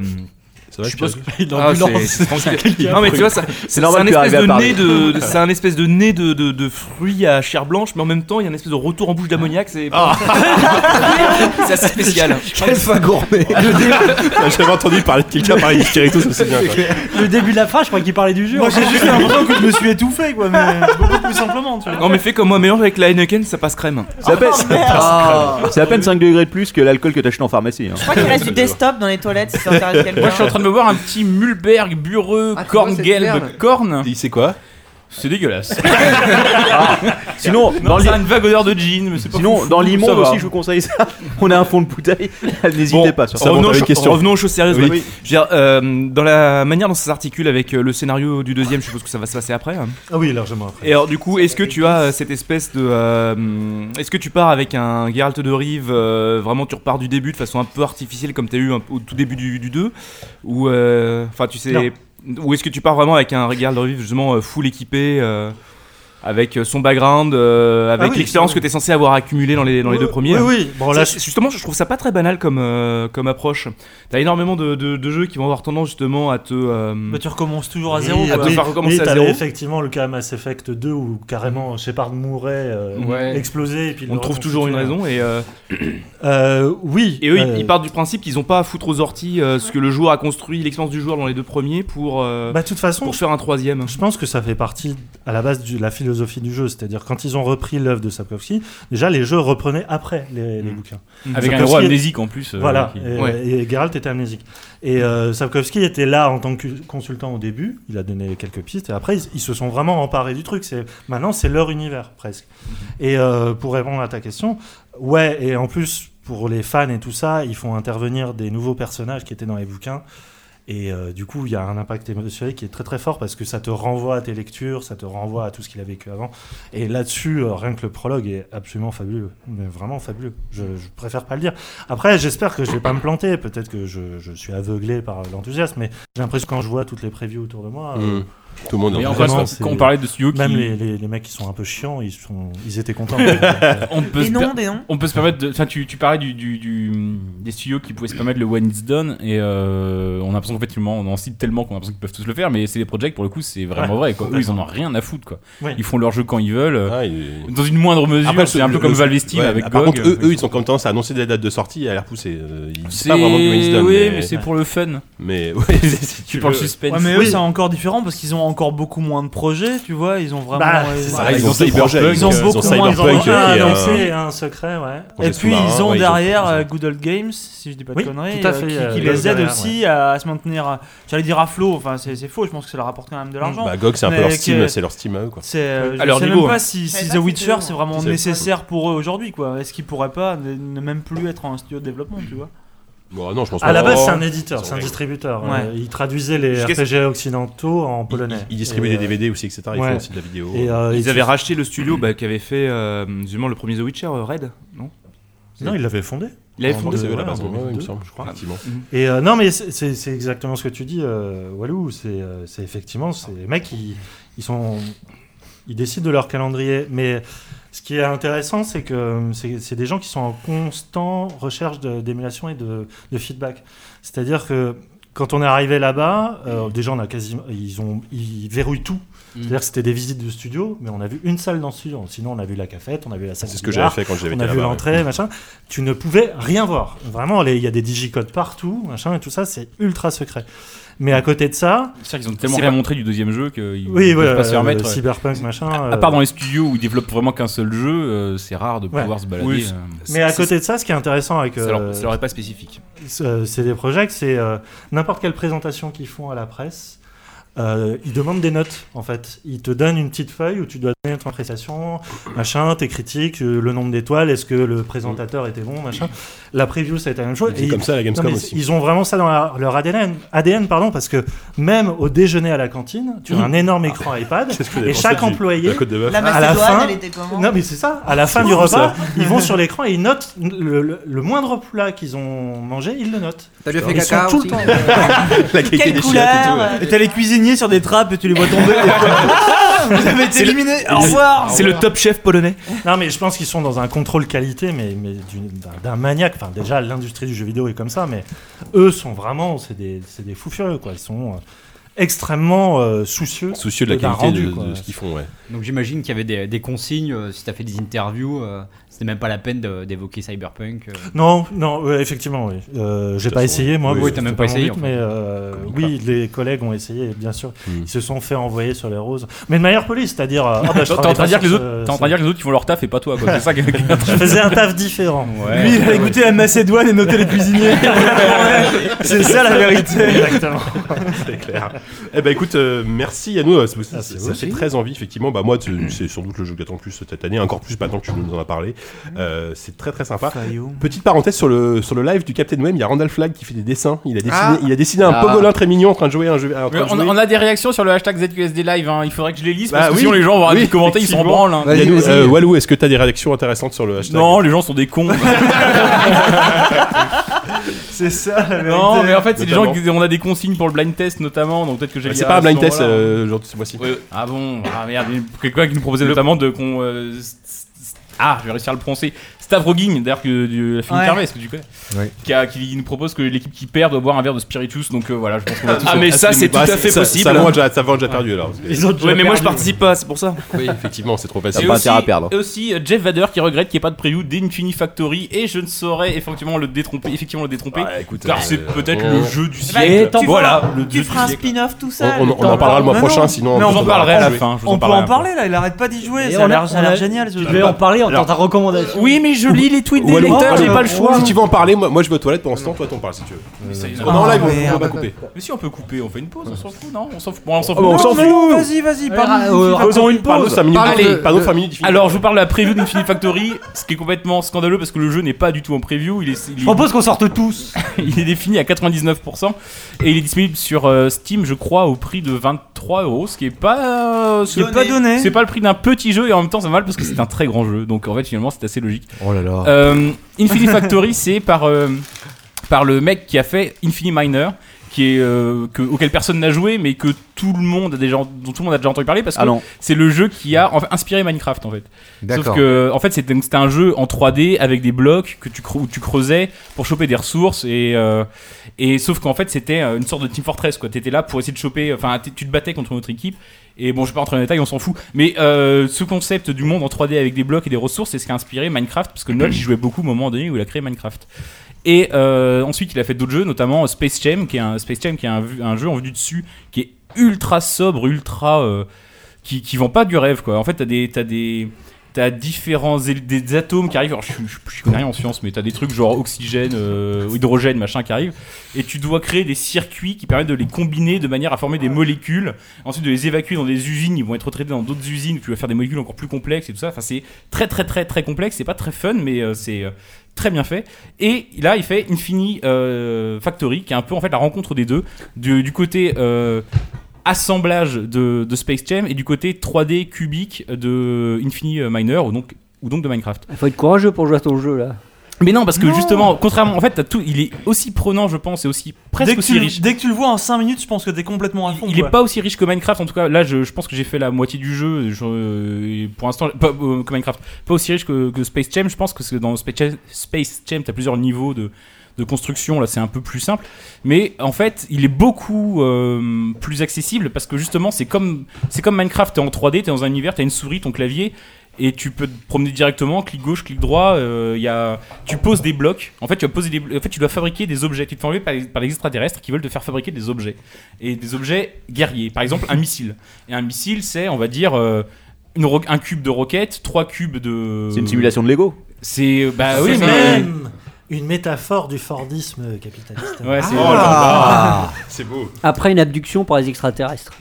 Speaker 2: vrai
Speaker 10: je
Speaker 2: que
Speaker 10: suppose
Speaker 2: tu
Speaker 10: que-
Speaker 2: as- Il est en
Speaker 10: Ah,
Speaker 2: ambulance.
Speaker 10: c'est- c'est tranquille.
Speaker 2: Quelqu'un
Speaker 10: Non, mais
Speaker 2: brûle.
Speaker 10: tu vois, ça-
Speaker 2: C'est
Speaker 10: c'est
Speaker 2: normal
Speaker 10: un
Speaker 2: que tu
Speaker 10: espèce
Speaker 2: arrives à
Speaker 10: de
Speaker 2: parler.
Speaker 10: nez de, de- c'est un espèce de nez de, de, de fruits à chair blanche, mais en même temps, il y a un espèce de retour en bouche d'ammoniac. C'est c'est assez spécial.
Speaker 5: Quel fin gourmet
Speaker 2: J'ai jamais entendu parler de quelqu'un parler d'Icarito, ça c'est bien. quoi.
Speaker 9: Le début de la phrase, je crois qu'il parlait du jeu.
Speaker 12: Moi
Speaker 9: en fait.
Speaker 12: j'ai juste l'impression que je me suis étouffé quoi, mais beaucoup plus simplement tu vois.
Speaker 10: Non, mais fais comme moi, mélange avec la Heineken, ça passe crème.
Speaker 12: C'est à peine- Oh, merde. Ah.
Speaker 11: C'est à peine 5 degrés de plus que l'alcool que t'as acheté en pharmacie. hein.
Speaker 6: Je crois qu'il reste du desktop dans les toilettes si ça intéresse quelqu'un.
Speaker 7: Moi, je suis en train de me voir un petit Mulberg bureux,
Speaker 6: Ah, tu vois
Speaker 7: corne
Speaker 6: cette merde
Speaker 7: gelbe, corne.
Speaker 2: C'est quoi
Speaker 7: C'est dégueulasse.
Speaker 11: Sinon, dans
Speaker 7: ça
Speaker 11: l'i-
Speaker 7: a une vague odeur de jean, mais c'est pas
Speaker 11: Sinon,
Speaker 7: foufou,
Speaker 11: dans
Speaker 7: ça
Speaker 11: l'immonde
Speaker 7: va.
Speaker 11: aussi, je vous conseille ça. On a un fond de bouteille. N'hésitez pas. surtout.
Speaker 10: revenons, aux cho- revenons aux choses sérieuses. ouais. Je veux dire, euh, dans la manière dont ça s'articule avec euh, le scénario du deuxième, je suppose que ça va se passer après. hein.
Speaker 8: Ah oui, largement après.
Speaker 10: Et alors du coup, est-ce que tu as euh, cette espèce de... euh, hum, est-ce que tu pars avec un Geralt de Rive, euh, vraiment tu repars du début de façon un peu artificielle comme tu as eu un- au tout début du, du 2 Ou... euh, Enfin tu sais...
Speaker 8: Non.
Speaker 10: Ou est-ce que tu pars vraiment avec un Geralt de Rive justement euh, full équipé euh, avec euh, son background, euh, avec
Speaker 8: Ah oui,
Speaker 10: l'expérience
Speaker 8: oui.
Speaker 10: que tu es censé avoir accumulée dans les, dans les
Speaker 8: Oui,
Speaker 10: deux premiers.
Speaker 8: oui, oui. Bon, là,
Speaker 10: Ça, c'est- justement, je trouve ça pas très banal comme, euh, comme approche. T'as énormément de, de- de jeux qui vont avoir tendance justement à te. euh,
Speaker 12: Bah, tu recommences toujours à
Speaker 10: Oui,
Speaker 12: zéro.
Speaker 10: à te
Speaker 12: quoi.
Speaker 10: faire recommencer
Speaker 8: oui,
Speaker 10: à
Speaker 8: t'avais
Speaker 10: zéro.
Speaker 8: effectivement le cas Mass Effect 2 où carrément Shepard mourait, euh,
Speaker 10: Ouais.
Speaker 8: explosait, et puis
Speaker 10: on
Speaker 8: le
Speaker 10: trouve toujours une raison
Speaker 8: reconstituait.
Speaker 10: et euh,
Speaker 8: oui.
Speaker 10: Et eux, ils-
Speaker 8: euh,
Speaker 10: ils partent du principe qu'ils ont pas à foutre aux orties euh, ce que le joueur a construit, l'expérience du joueur dans les deux premiers pour. euh,
Speaker 8: Bah, de toute façon,
Speaker 10: pour faire un troisième.
Speaker 8: Je pense que ça fait partie à la base de la philosophie du jeu, c'est-à-dire quand ils ont repris l'œuvre de Sapkowski, déjà les jeux reprenaient après les, les bouquins.
Speaker 7: Mm.
Speaker 10: Mm.
Speaker 7: Avec un
Speaker 8: Sapkowski
Speaker 7: héros
Speaker 8: est-
Speaker 7: amnésique, en plus, euh,
Speaker 8: voilà,
Speaker 7: qui-
Speaker 8: et,
Speaker 7: Ouais.
Speaker 8: et Geralt était amnésique. Et euh, Sapkowski était là en tant que consultant au début, il a donné quelques pistes, et après ils, ils se sont vraiment emparés du truc. C'est Maintenant c'est leur univers presque.
Speaker 10: Mm-hmm.
Speaker 8: Et euh, pour répondre à ta question, ouais, et en plus pour les fans et tout ça, ils font intervenir des nouveaux personnages qui étaient dans les bouquins. Et euh, du coup, il y a un impact émotionnel qui est très très fort parce que ça te renvoie à tes lectures, ça te renvoie à tout ce qu'il a vécu avant. Et là-dessus, euh, rien que le prologue est absolument fabuleux, mais vraiment fabuleux. Je, je préfère pas le dire. Après, j'espère que je vais pas me planter. Peut-être que je, je suis aveuglé par l'enthousiasme, mais j'ai l'impression que quand je vois toutes les previews autour de moi, euh,
Speaker 2: Mmh. Tout le monde est
Speaker 8: vraiment,
Speaker 2: enthousiaste, hein.
Speaker 8: c'est-
Speaker 2: Quand on parlait de studio qui-
Speaker 8: même les, les- les mecs qui sont un peu chiants, ils sont, ils étaient contents. euh,
Speaker 7: on peut
Speaker 6: Des
Speaker 7: se
Speaker 6: noms,
Speaker 7: per-
Speaker 6: des noms.
Speaker 7: On peut se permettre de. Enfin, tu, tu parlais du, du- du- des studios qui pouvaient se permettre le When It's Done, et euh, on a l'impression qu'en fait, ils en- on en cite tellement qu'on a l'impression qu'ils peuvent tous le faire, mais c'est des projets, pour le coup, c'est vraiment
Speaker 2: Ouais,
Speaker 7: vrai, quoi. Eux, ils en ont
Speaker 2: complètement.
Speaker 7: rien à foutre, quoi.
Speaker 2: Ouais.
Speaker 7: Ils font leur jeu quand ils veulent, euh,
Speaker 2: Ah, il-
Speaker 7: dans une moindre mesure,
Speaker 2: Après,
Speaker 7: c'est
Speaker 2: le-
Speaker 7: un peu
Speaker 2: le-
Speaker 7: comme
Speaker 2: le-
Speaker 7: Valve Steam
Speaker 2: ouais, ah,
Speaker 7: avec
Speaker 2: Par
Speaker 7: GOG. euh,
Speaker 2: contre, eux, eux, ils ont comme tendance à annoncer des dates de sortie et à les repousser. euh, Ils disent
Speaker 7: C'est-
Speaker 2: pas vraiment du Winston,
Speaker 7: oui, mais c'est pour le fun.
Speaker 2: Mais ouais, si tu
Speaker 7: C'est pour le
Speaker 2: veux.
Speaker 7: suspense.
Speaker 12: Ouais, mais eux
Speaker 7: Oui.
Speaker 12: c'est encore différent parce qu'ils ont encore beaucoup moins de projets, tu vois. Ils ont vraiment.
Speaker 8: Bah,
Speaker 12: euh,
Speaker 8: c'est
Speaker 12: bah,
Speaker 8: ça, ils
Speaker 12: ils
Speaker 8: ont
Speaker 12: ont
Speaker 8: Cyberpunk, euh,
Speaker 12: beaucoup
Speaker 8: ils ont
Speaker 12: moins de
Speaker 8: Cyberpunk,
Speaker 12: projets.
Speaker 8: euh, qui est
Speaker 12: donc
Speaker 8: un-
Speaker 12: c'est un hein, secret, ouais.
Speaker 8: Projet
Speaker 12: Et puis ils
Speaker 8: sous-marin,
Speaker 12: ont
Speaker 8: ouais, ils ont
Speaker 12: derrière
Speaker 8: tout ça.
Speaker 12: euh, Good Old Games, si je dis pas de
Speaker 8: Oui,
Speaker 12: conneries,
Speaker 8: tout à
Speaker 12: euh,
Speaker 8: fait,
Speaker 12: qui,
Speaker 8: euh,
Speaker 12: qui
Speaker 8: Good Old
Speaker 12: les aide
Speaker 8: Gamer,
Speaker 12: aussi à, à se maintenir. à- J'allais dire à flot, enfin c'est c'est faux. Je pense que ça leur apporte quand
Speaker 8: Mm,
Speaker 12: même de l'argent.
Speaker 2: Bah, GOG, c'est un peu
Speaker 12: mais
Speaker 2: leur
Speaker 12: que-
Speaker 2: Steam, c'est leur Steam à eux, quoi.
Speaker 12: C'est, euh,
Speaker 2: À
Speaker 12: je
Speaker 2: leur
Speaker 12: sais
Speaker 2: niveau,
Speaker 12: même
Speaker 2: hein.
Speaker 12: pas si,
Speaker 2: Je
Speaker 12: si
Speaker 2: savais
Speaker 12: The
Speaker 2: pas que
Speaker 12: Witcher
Speaker 2: c'était
Speaker 8: hein.
Speaker 12: c'est vraiment
Speaker 2: eux.
Speaker 12: nécessaire pour eux aujourd'hui, quoi. Est-ce qu'ils pourraient pas ne, ne même plus être en studio de développement, tu vois
Speaker 2: Bon, non, je pense
Speaker 8: À la
Speaker 2: pas.
Speaker 8: base, c'est un
Speaker 2: Oh.
Speaker 8: éditeur, c'est un
Speaker 2: Ouais.
Speaker 8: distributeur.
Speaker 2: Ouais.
Speaker 8: Euh, il traduisait les
Speaker 2: Jusqu'à ce-
Speaker 8: RPG occidentaux en polonais.
Speaker 2: il distribue
Speaker 8: Et,
Speaker 2: des
Speaker 8: euh,
Speaker 2: DVD aussi, etc. Ils
Speaker 8: ouais.
Speaker 2: font aussi de la vidéo.
Speaker 8: Et, euh,
Speaker 10: ils
Speaker 8: et
Speaker 10: avaient
Speaker 8: tu-
Speaker 10: racheté le studio bah, qui avait fait euh, justement le premier The Witcher, euh, Red, non
Speaker 8: euh, Non, il l'avait fondé.
Speaker 10: Il l'avait
Speaker 8: En
Speaker 10: fondé,
Speaker 8: deux-
Speaker 10: c'est eux, la
Speaker 8: ouais,
Speaker 10: base,
Speaker 8: en
Speaker 10: ouais, il me
Speaker 8: 2002,
Speaker 10: semble,
Speaker 8: je
Speaker 12: Ah,
Speaker 8: crois.
Speaker 10: effectivement.
Speaker 8: Et euh, non, mais c'est- c'est c'est exactement ce que tu dis, euh, Walou. C'est euh, c'est effectivement, c'est les mecs, ils, ils sont, ils décident de leur calendrier. Mais ce qui est intéressant, c'est que c'est c'est des gens qui sont en constant recherche de- d'émulation et de, de feedback. C'est-à-dire que quand on est arrivé là-bas, euh, déjà on a quasiment, ils ont, ils verrouillent tout.
Speaker 2: Mm.
Speaker 8: C'est-à-dire que c'était des visites de studio, mais on a vu une salle dans le studio. Sinon, on a vu la cafette, on a vu la salle.
Speaker 2: C'est ce
Speaker 8: du
Speaker 2: que j'avais
Speaker 8: bar,
Speaker 2: fait quand j'avais
Speaker 8: On
Speaker 2: été
Speaker 8: a vu
Speaker 2: là-bas,
Speaker 8: l'entrée, machin. Tu ne pouvais rien voir. Vraiment, les- il y a des digicodes partout, machin, et tout ça, c'est ultra secret. Mais à côté de ça,
Speaker 7: C'est-à-dire qu'ils ont tellement rien montré du deuxième jeu qu'ils
Speaker 8: Oui,
Speaker 7: ne
Speaker 8: voilà,
Speaker 7: peuvent pas se
Speaker 8: euh,
Speaker 7: remettre.
Speaker 8: Cyberpunk, machin,
Speaker 7: À,
Speaker 8: euh,
Speaker 7: à part dans les studios où ils développent vraiment qu'un seul jeu, euh, c'est rare de pouvoir se balader.
Speaker 10: Oui,
Speaker 7: euh.
Speaker 8: Mais à côté de ça, ce qui est intéressant avec.
Speaker 10: Ça leur-
Speaker 8: euh,
Speaker 10: ça leur est pas spécifique.
Speaker 8: ce- C'est des projets, c'est euh, n'importe quelle présentation qu'ils font à la presse. euh, ils demandent des notes en fait. Ils te donnent une petite feuille où tu dois donner ton appréciation, machin, tes critiques, euh, le nombre d'étoiles, est-ce que le présentateur était bon, machin. La preview, ça a été la même chose.
Speaker 2: Ils étaient comme ça à la Gamescom
Speaker 8: non, mais
Speaker 2: aussi.
Speaker 8: Ils ont vraiment ça dans leur- leur ADN, ADN pardon, parce que même au déjeuner à la cantine, tu as
Speaker 2: Mhm.
Speaker 8: un énorme écran iPad
Speaker 2: Qu'est-ce que vous avez
Speaker 8: et
Speaker 2: pensé
Speaker 8: chaque
Speaker 2: du- de
Speaker 8: employé
Speaker 2: la Côte de Bœuf
Speaker 6: La
Speaker 8: à la
Speaker 6: Macédoine,
Speaker 8: fin,
Speaker 6: elle était comment
Speaker 8: non mais c'est ça. À la
Speaker 2: C'est
Speaker 8: fin du
Speaker 2: fou,
Speaker 8: repas,
Speaker 2: ça.
Speaker 8: ils vont sur l'écran et ils notent le, le- le moindre plat qu'ils ont mangé, ils le notent.
Speaker 5: T'as bien fait
Speaker 8: Ils
Speaker 5: caca
Speaker 8: sont tout
Speaker 5: aussi.
Speaker 8: le temps. euh,
Speaker 2: La qualité
Speaker 12: Quelle
Speaker 2: des
Speaker 12: couleur
Speaker 2: chiottes et tout, ouais.
Speaker 12: Et t'as les cuisiniers sur des trappes et tu les vois tomber. Ah, Vous avez été
Speaker 8: C'est le-
Speaker 12: éliminés. Au revoir.
Speaker 8: C'est le top chef polonais. Non, mais je pense qu'ils sont dans un contrôle qualité, mais, mais d'une- d'un- d'un maniaque. Enfin, déjà, l'industrie du jeu vidéo est comme ça, mais eux sont vraiment, c'est des, c'est des fous furieux, quoi. Ils sont euh, extrêmement euh, soucieux.
Speaker 2: Soucieux de la
Speaker 8: d'un
Speaker 2: qualité
Speaker 8: rendu,
Speaker 2: de- de
Speaker 8: quoi.
Speaker 2: ce qu'ils font, ouais.
Speaker 13: Donc j'imagine qu'il y avait des, des consignes, euh, si t'as fait des interviews, euh, c'était même pas la peine de- d'évoquer Cyberpunk. euh.
Speaker 8: Non, non, ouais, effectivement, oui. Euh, j'ai
Speaker 13: De
Speaker 8: pas
Speaker 13: toute façon,
Speaker 8: essayé, moi.
Speaker 13: oui,
Speaker 8: parce
Speaker 13: oui,
Speaker 8: que
Speaker 13: t'as même
Speaker 8: c'était
Speaker 13: pas essayé,
Speaker 8: mon but,
Speaker 13: en fait.
Speaker 8: Mais euh, oui, les collègues ont essayé, bien sûr. Ils se sont fait envoyer sur les roses. Mais de manière polie, c'est-à-dire. euh, Ah, bah, je
Speaker 7: T'es en
Speaker 8: travaille
Speaker 7: train
Speaker 8: pas
Speaker 7: de dire que les
Speaker 8: sur
Speaker 7: autres,
Speaker 2: Euh,
Speaker 8: ce-
Speaker 7: t'es en train de dire que les autres, ils font leur taf et pas toi, quoi. C'est ça qui
Speaker 8: Je faisais un taf différent.
Speaker 12: Lui, il a goûté la Macédoine et noté les cuisiniers. C'est ça la vérité.
Speaker 8: Exactement.
Speaker 2: C'est clair. Eh ben écoute, euh, merci Yannou. euh, c'est- Ça,
Speaker 8: c'est
Speaker 2: ça
Speaker 8: vous
Speaker 2: fait
Speaker 8: aussi.
Speaker 2: très envie, effectivement. Bah moi, tu- c'est sans doute le jeu que j'attends le plus cette année, encore plus maintenant que tu nous en as parlé. Euh, c'est très très sympa. Petite parenthèse sur le sur le live du Captain Web, il y a Randall Flag qui fait des dessins. Il a dessiné,
Speaker 7: Ah.
Speaker 2: il a dessiné un
Speaker 7: Ah.
Speaker 2: pogolin très mignon en train de jouer à un jeu. en train de
Speaker 7: Euh, On,
Speaker 2: jouer.
Speaker 7: on a des réactions sur le hashtag ZQSD Live, hein. il faudrait que je les lise parce
Speaker 2: Bah
Speaker 7: que
Speaker 2: oui,
Speaker 7: sinon les gens vont arrêter
Speaker 2: oui,
Speaker 7: de commenter, ils s'en
Speaker 2: effectivement.
Speaker 7: branlent. hein.
Speaker 2: Yannou, euh, Walou, est-ce que t'as des réactions intéressantes sur le hashtag
Speaker 7: non, les gens sont des cons.
Speaker 12: C'est ça la vérité.
Speaker 7: non, mais en fait, c'est les gens
Speaker 2: Notamment.
Speaker 7: qui on a des consignes pour le blind test notamment, donc peut-être que j'ai
Speaker 2: C'est pas un blind test euh, aujourd'hui ce mois-ci.
Speaker 7: Ah bon, ah merde, il y a quelqu'un qui nous proposait notamment de qu'on euh, s- s- ah, je vais réussir à le prononcer. Stavrogin, d'ailleurs que du la film
Speaker 12: Ouais.
Speaker 7: Kermesse, que tu connais.
Speaker 5: Ouais.
Speaker 7: Qui, a- qui nous propose que l'équipe qui perd doit boire un verre de spiritus, donc euh, voilà, je pense qu'on va tous
Speaker 10: Ah, mais
Speaker 7: être
Speaker 10: ça,
Speaker 7: assez
Speaker 10: c'est tout
Speaker 7: démocrates.
Speaker 10: à fait
Speaker 7: Ça-
Speaker 10: possible.
Speaker 7: ça- ça
Speaker 2: Moi, déjà, ça va, j'ai perdu alors.
Speaker 10: Les autres, Ouais, j'ai mais moi, perdu. je participe pas, c'est pour ça.
Speaker 2: Oui, effectivement, c'est trop
Speaker 7: Et
Speaker 2: facile.
Speaker 7: aussi- Et aussi euh, Jeff Vader qui regrette qu'il n'y ait pas de preview d'Infini Factory et je ne saurais effectivement le détromper, effectivement le détromper car
Speaker 2: euh,
Speaker 7: c'est peut-être
Speaker 2: on-
Speaker 7: le jeu du
Speaker 2: Eh
Speaker 12: Bah,
Speaker 2: ben,
Speaker 7: siècle.
Speaker 2: tu feras-
Speaker 7: voilà, le
Speaker 6: tu
Speaker 7: jeu
Speaker 6: feras un
Speaker 7: du siècle.
Speaker 6: spin-off tout ça.
Speaker 2: On- on-
Speaker 6: le
Speaker 2: on
Speaker 6: temps
Speaker 2: en parlera le
Speaker 6: long.
Speaker 2: mois
Speaker 6: Mais
Speaker 2: prochain,
Speaker 6: non.
Speaker 2: sinon,
Speaker 12: Mais
Speaker 2: on
Speaker 12: on
Speaker 2: vous
Speaker 12: en
Speaker 2: en
Speaker 12: parlerait à
Speaker 2: parlera
Speaker 12: la
Speaker 2: jouer.
Speaker 12: fin.
Speaker 2: Je vous en
Speaker 12: On peut
Speaker 2: parlerai Bah,
Speaker 12: en
Speaker 2: après.
Speaker 12: parler là, il arrête pas d'y jouer.
Speaker 2: Et
Speaker 12: Ça a
Speaker 2: on a-
Speaker 12: l'air ça a
Speaker 2: on a-
Speaker 12: l'air génial ce
Speaker 2: Je
Speaker 12: jeu.
Speaker 2: vais en parler en tant ta
Speaker 12: recommandation.
Speaker 7: Oui, mais je lis les tweets
Speaker 2: Walou, parle. Si tu veux en parler, moi, moi je vais aux toilettes pour l'instant, toi t'en parles si tu veux.
Speaker 7: c'est-
Speaker 2: On est en
Speaker 7: Ah,
Speaker 2: live, on- on
Speaker 7: merde.
Speaker 2: va couper.
Speaker 7: Mais si on peut couper, on fait une pause, on s'en fout, non On s'en fout. Bon, on s'en
Speaker 2: Oh, bah, on s'en
Speaker 7: Non,
Speaker 2: fout.
Speaker 12: Vas-y,
Speaker 7: mais-
Speaker 12: vas-y,
Speaker 7: Ouais,
Speaker 12: parle-nous
Speaker 7: ra-
Speaker 12: d'Infinite
Speaker 7: euh,
Speaker 12: Factory.
Speaker 7: raconte une
Speaker 2: Parle-nous
Speaker 7: pause.
Speaker 2: cinq minutes.
Speaker 7: Allez,
Speaker 2: Parle de-
Speaker 7: parle-nous
Speaker 2: de-
Speaker 7: cinq minutes d'Infinite Alors, je vous parle de la preview d'Infinite Factory, ce qui est complètement scandaleux parce que le jeu n'est pas du tout en preview. Il est, il-
Speaker 9: Je propose qu'on sorte tous.
Speaker 7: il est défini à 99% et il est disponible sur euh, Steam, je crois, au prix de 23 euros, ce qui est pas, euh, ce qui est
Speaker 12: Donné.
Speaker 7: pas C'est pas le prix d'un petit jeu et en même temps, ça va mal parce que c'est un très grand jeu. Donc en fait, finalement, c'est assez logique.
Speaker 5: Oh là là.
Speaker 7: Euh, Infinity Factory, c'est par, euh, par le mec qui a fait Infinity Miner, qui est, euh, que- auquel personne n'a joué, mais que tout le monde a déjà, dont tout le monde a déjà entendu parler, parce que
Speaker 10: Ah non.
Speaker 7: c'est le jeu qui a en fait, inspiré Minecraft, en fait.
Speaker 10: D'accord.
Speaker 7: Sauf que, en fait, c'était c'était un jeu en 3D avec des blocs que tu, creu- où tu creusais pour choper des ressources, et, euh, et sauf qu'en fait, c'était euh, une sorte de Team Fortress, quoi. T'étais là pour essayer de choper, enfin, t- tu te battais contre une autre équipe, et bon, je vais pas rentrer dans les détails, on s'en fout. Mais euh, ce concept du monde en 3D avec des blocs et des ressources, c'est ce qui a inspiré Minecraft, parce que Notch y jouait beaucoup au moment donné où il a créé Minecraft. Et euh, ensuite, il a fait d'autres jeux, notamment euh, Space Jam, qui est un, Space Jam, qui est un, un jeu en vue de dessus, qui est ultra sobre, ultra. euh, qui, qui vend pas du rêve, quoi. En fait, t'as des. T'as des T'as différents él- des atomes qui arrivent. Alors, je, suis- je, je connais rien en science, mais t'as des trucs genre oxygène, euh, hydrogène, machin qui arrivent. Et tu dois créer des circuits qui permettent de les combiner de manière à former des molécules. Ensuite, de les évacuer dans des usines. Ils vont être traités dans d'autres usines. Tu vas faire des molécules encore plus complexes et tout ça. Enfin, c'est très, très, très, très complexe. C'est pas très fun, mais euh, c'est euh, très bien fait. Et là, il fait Infini euh, Factory, qui est un peu en fait la rencontre des deux. Du, du côté. euh, assemblage de, de Space Jam et du côté 3D cubique de Infini Miner ou donc, ou donc de Minecraft.
Speaker 4: Il faut être courageux pour jouer à ton jeu là.
Speaker 7: Mais non, parce que
Speaker 4: Non.
Speaker 7: justement, contrairement, en fait, t'as tout, il est aussi prenant, je pense, et aussi presque
Speaker 12: Dès que,
Speaker 7: aussi
Speaker 12: tu,
Speaker 7: riche.
Speaker 12: dès que tu le vois en 5 minutes, je pense que t'es complètement à fond.
Speaker 7: Il est
Speaker 12: quoi.
Speaker 7: pas aussi riche que Minecraft, en tout cas. Là, je, je pense que j'ai fait la moitié du jeu. Je- euh, pour l'instant, pas, euh, que Minecraft, pas aussi riche que, que Space Jam. Je pense que c'est dans Space Jam, Space Jam, t'as plusieurs niveaux de, de construction. Là, c'est un peu plus simple. Mais en fait, il est beaucoup euh, plus accessible parce que justement, c'est comme, c'est comme Minecraft. T'es en 3D, t'es dans un univers, t'as une souris, ton clavier. Et tu peux te promener directement, clic gauche, clic droit. euh, y a... Tu poses des blocs. En fait, tu vas poser des... blo- en fait, tu dois fabriquer des objets. Tu te fais enlever par les, par les extraterrestres qui veulent te faire fabriquer des objets et des objets guerriers. Par exemple, un missile. Et un missile, c'est, on va dire, euh, une ro- un cube de roquette, trois cubes de.
Speaker 11: C'est une simulation de Lego.
Speaker 7: C'est bah
Speaker 8: Ah
Speaker 7: oui,
Speaker 8: C'est
Speaker 7: mais
Speaker 8: même une métaphore du Fordisme capitaliste.
Speaker 7: Ouais, c'est-
Speaker 4: Ah.
Speaker 2: C'est beau.
Speaker 4: Après une abduction par les extraterrestres.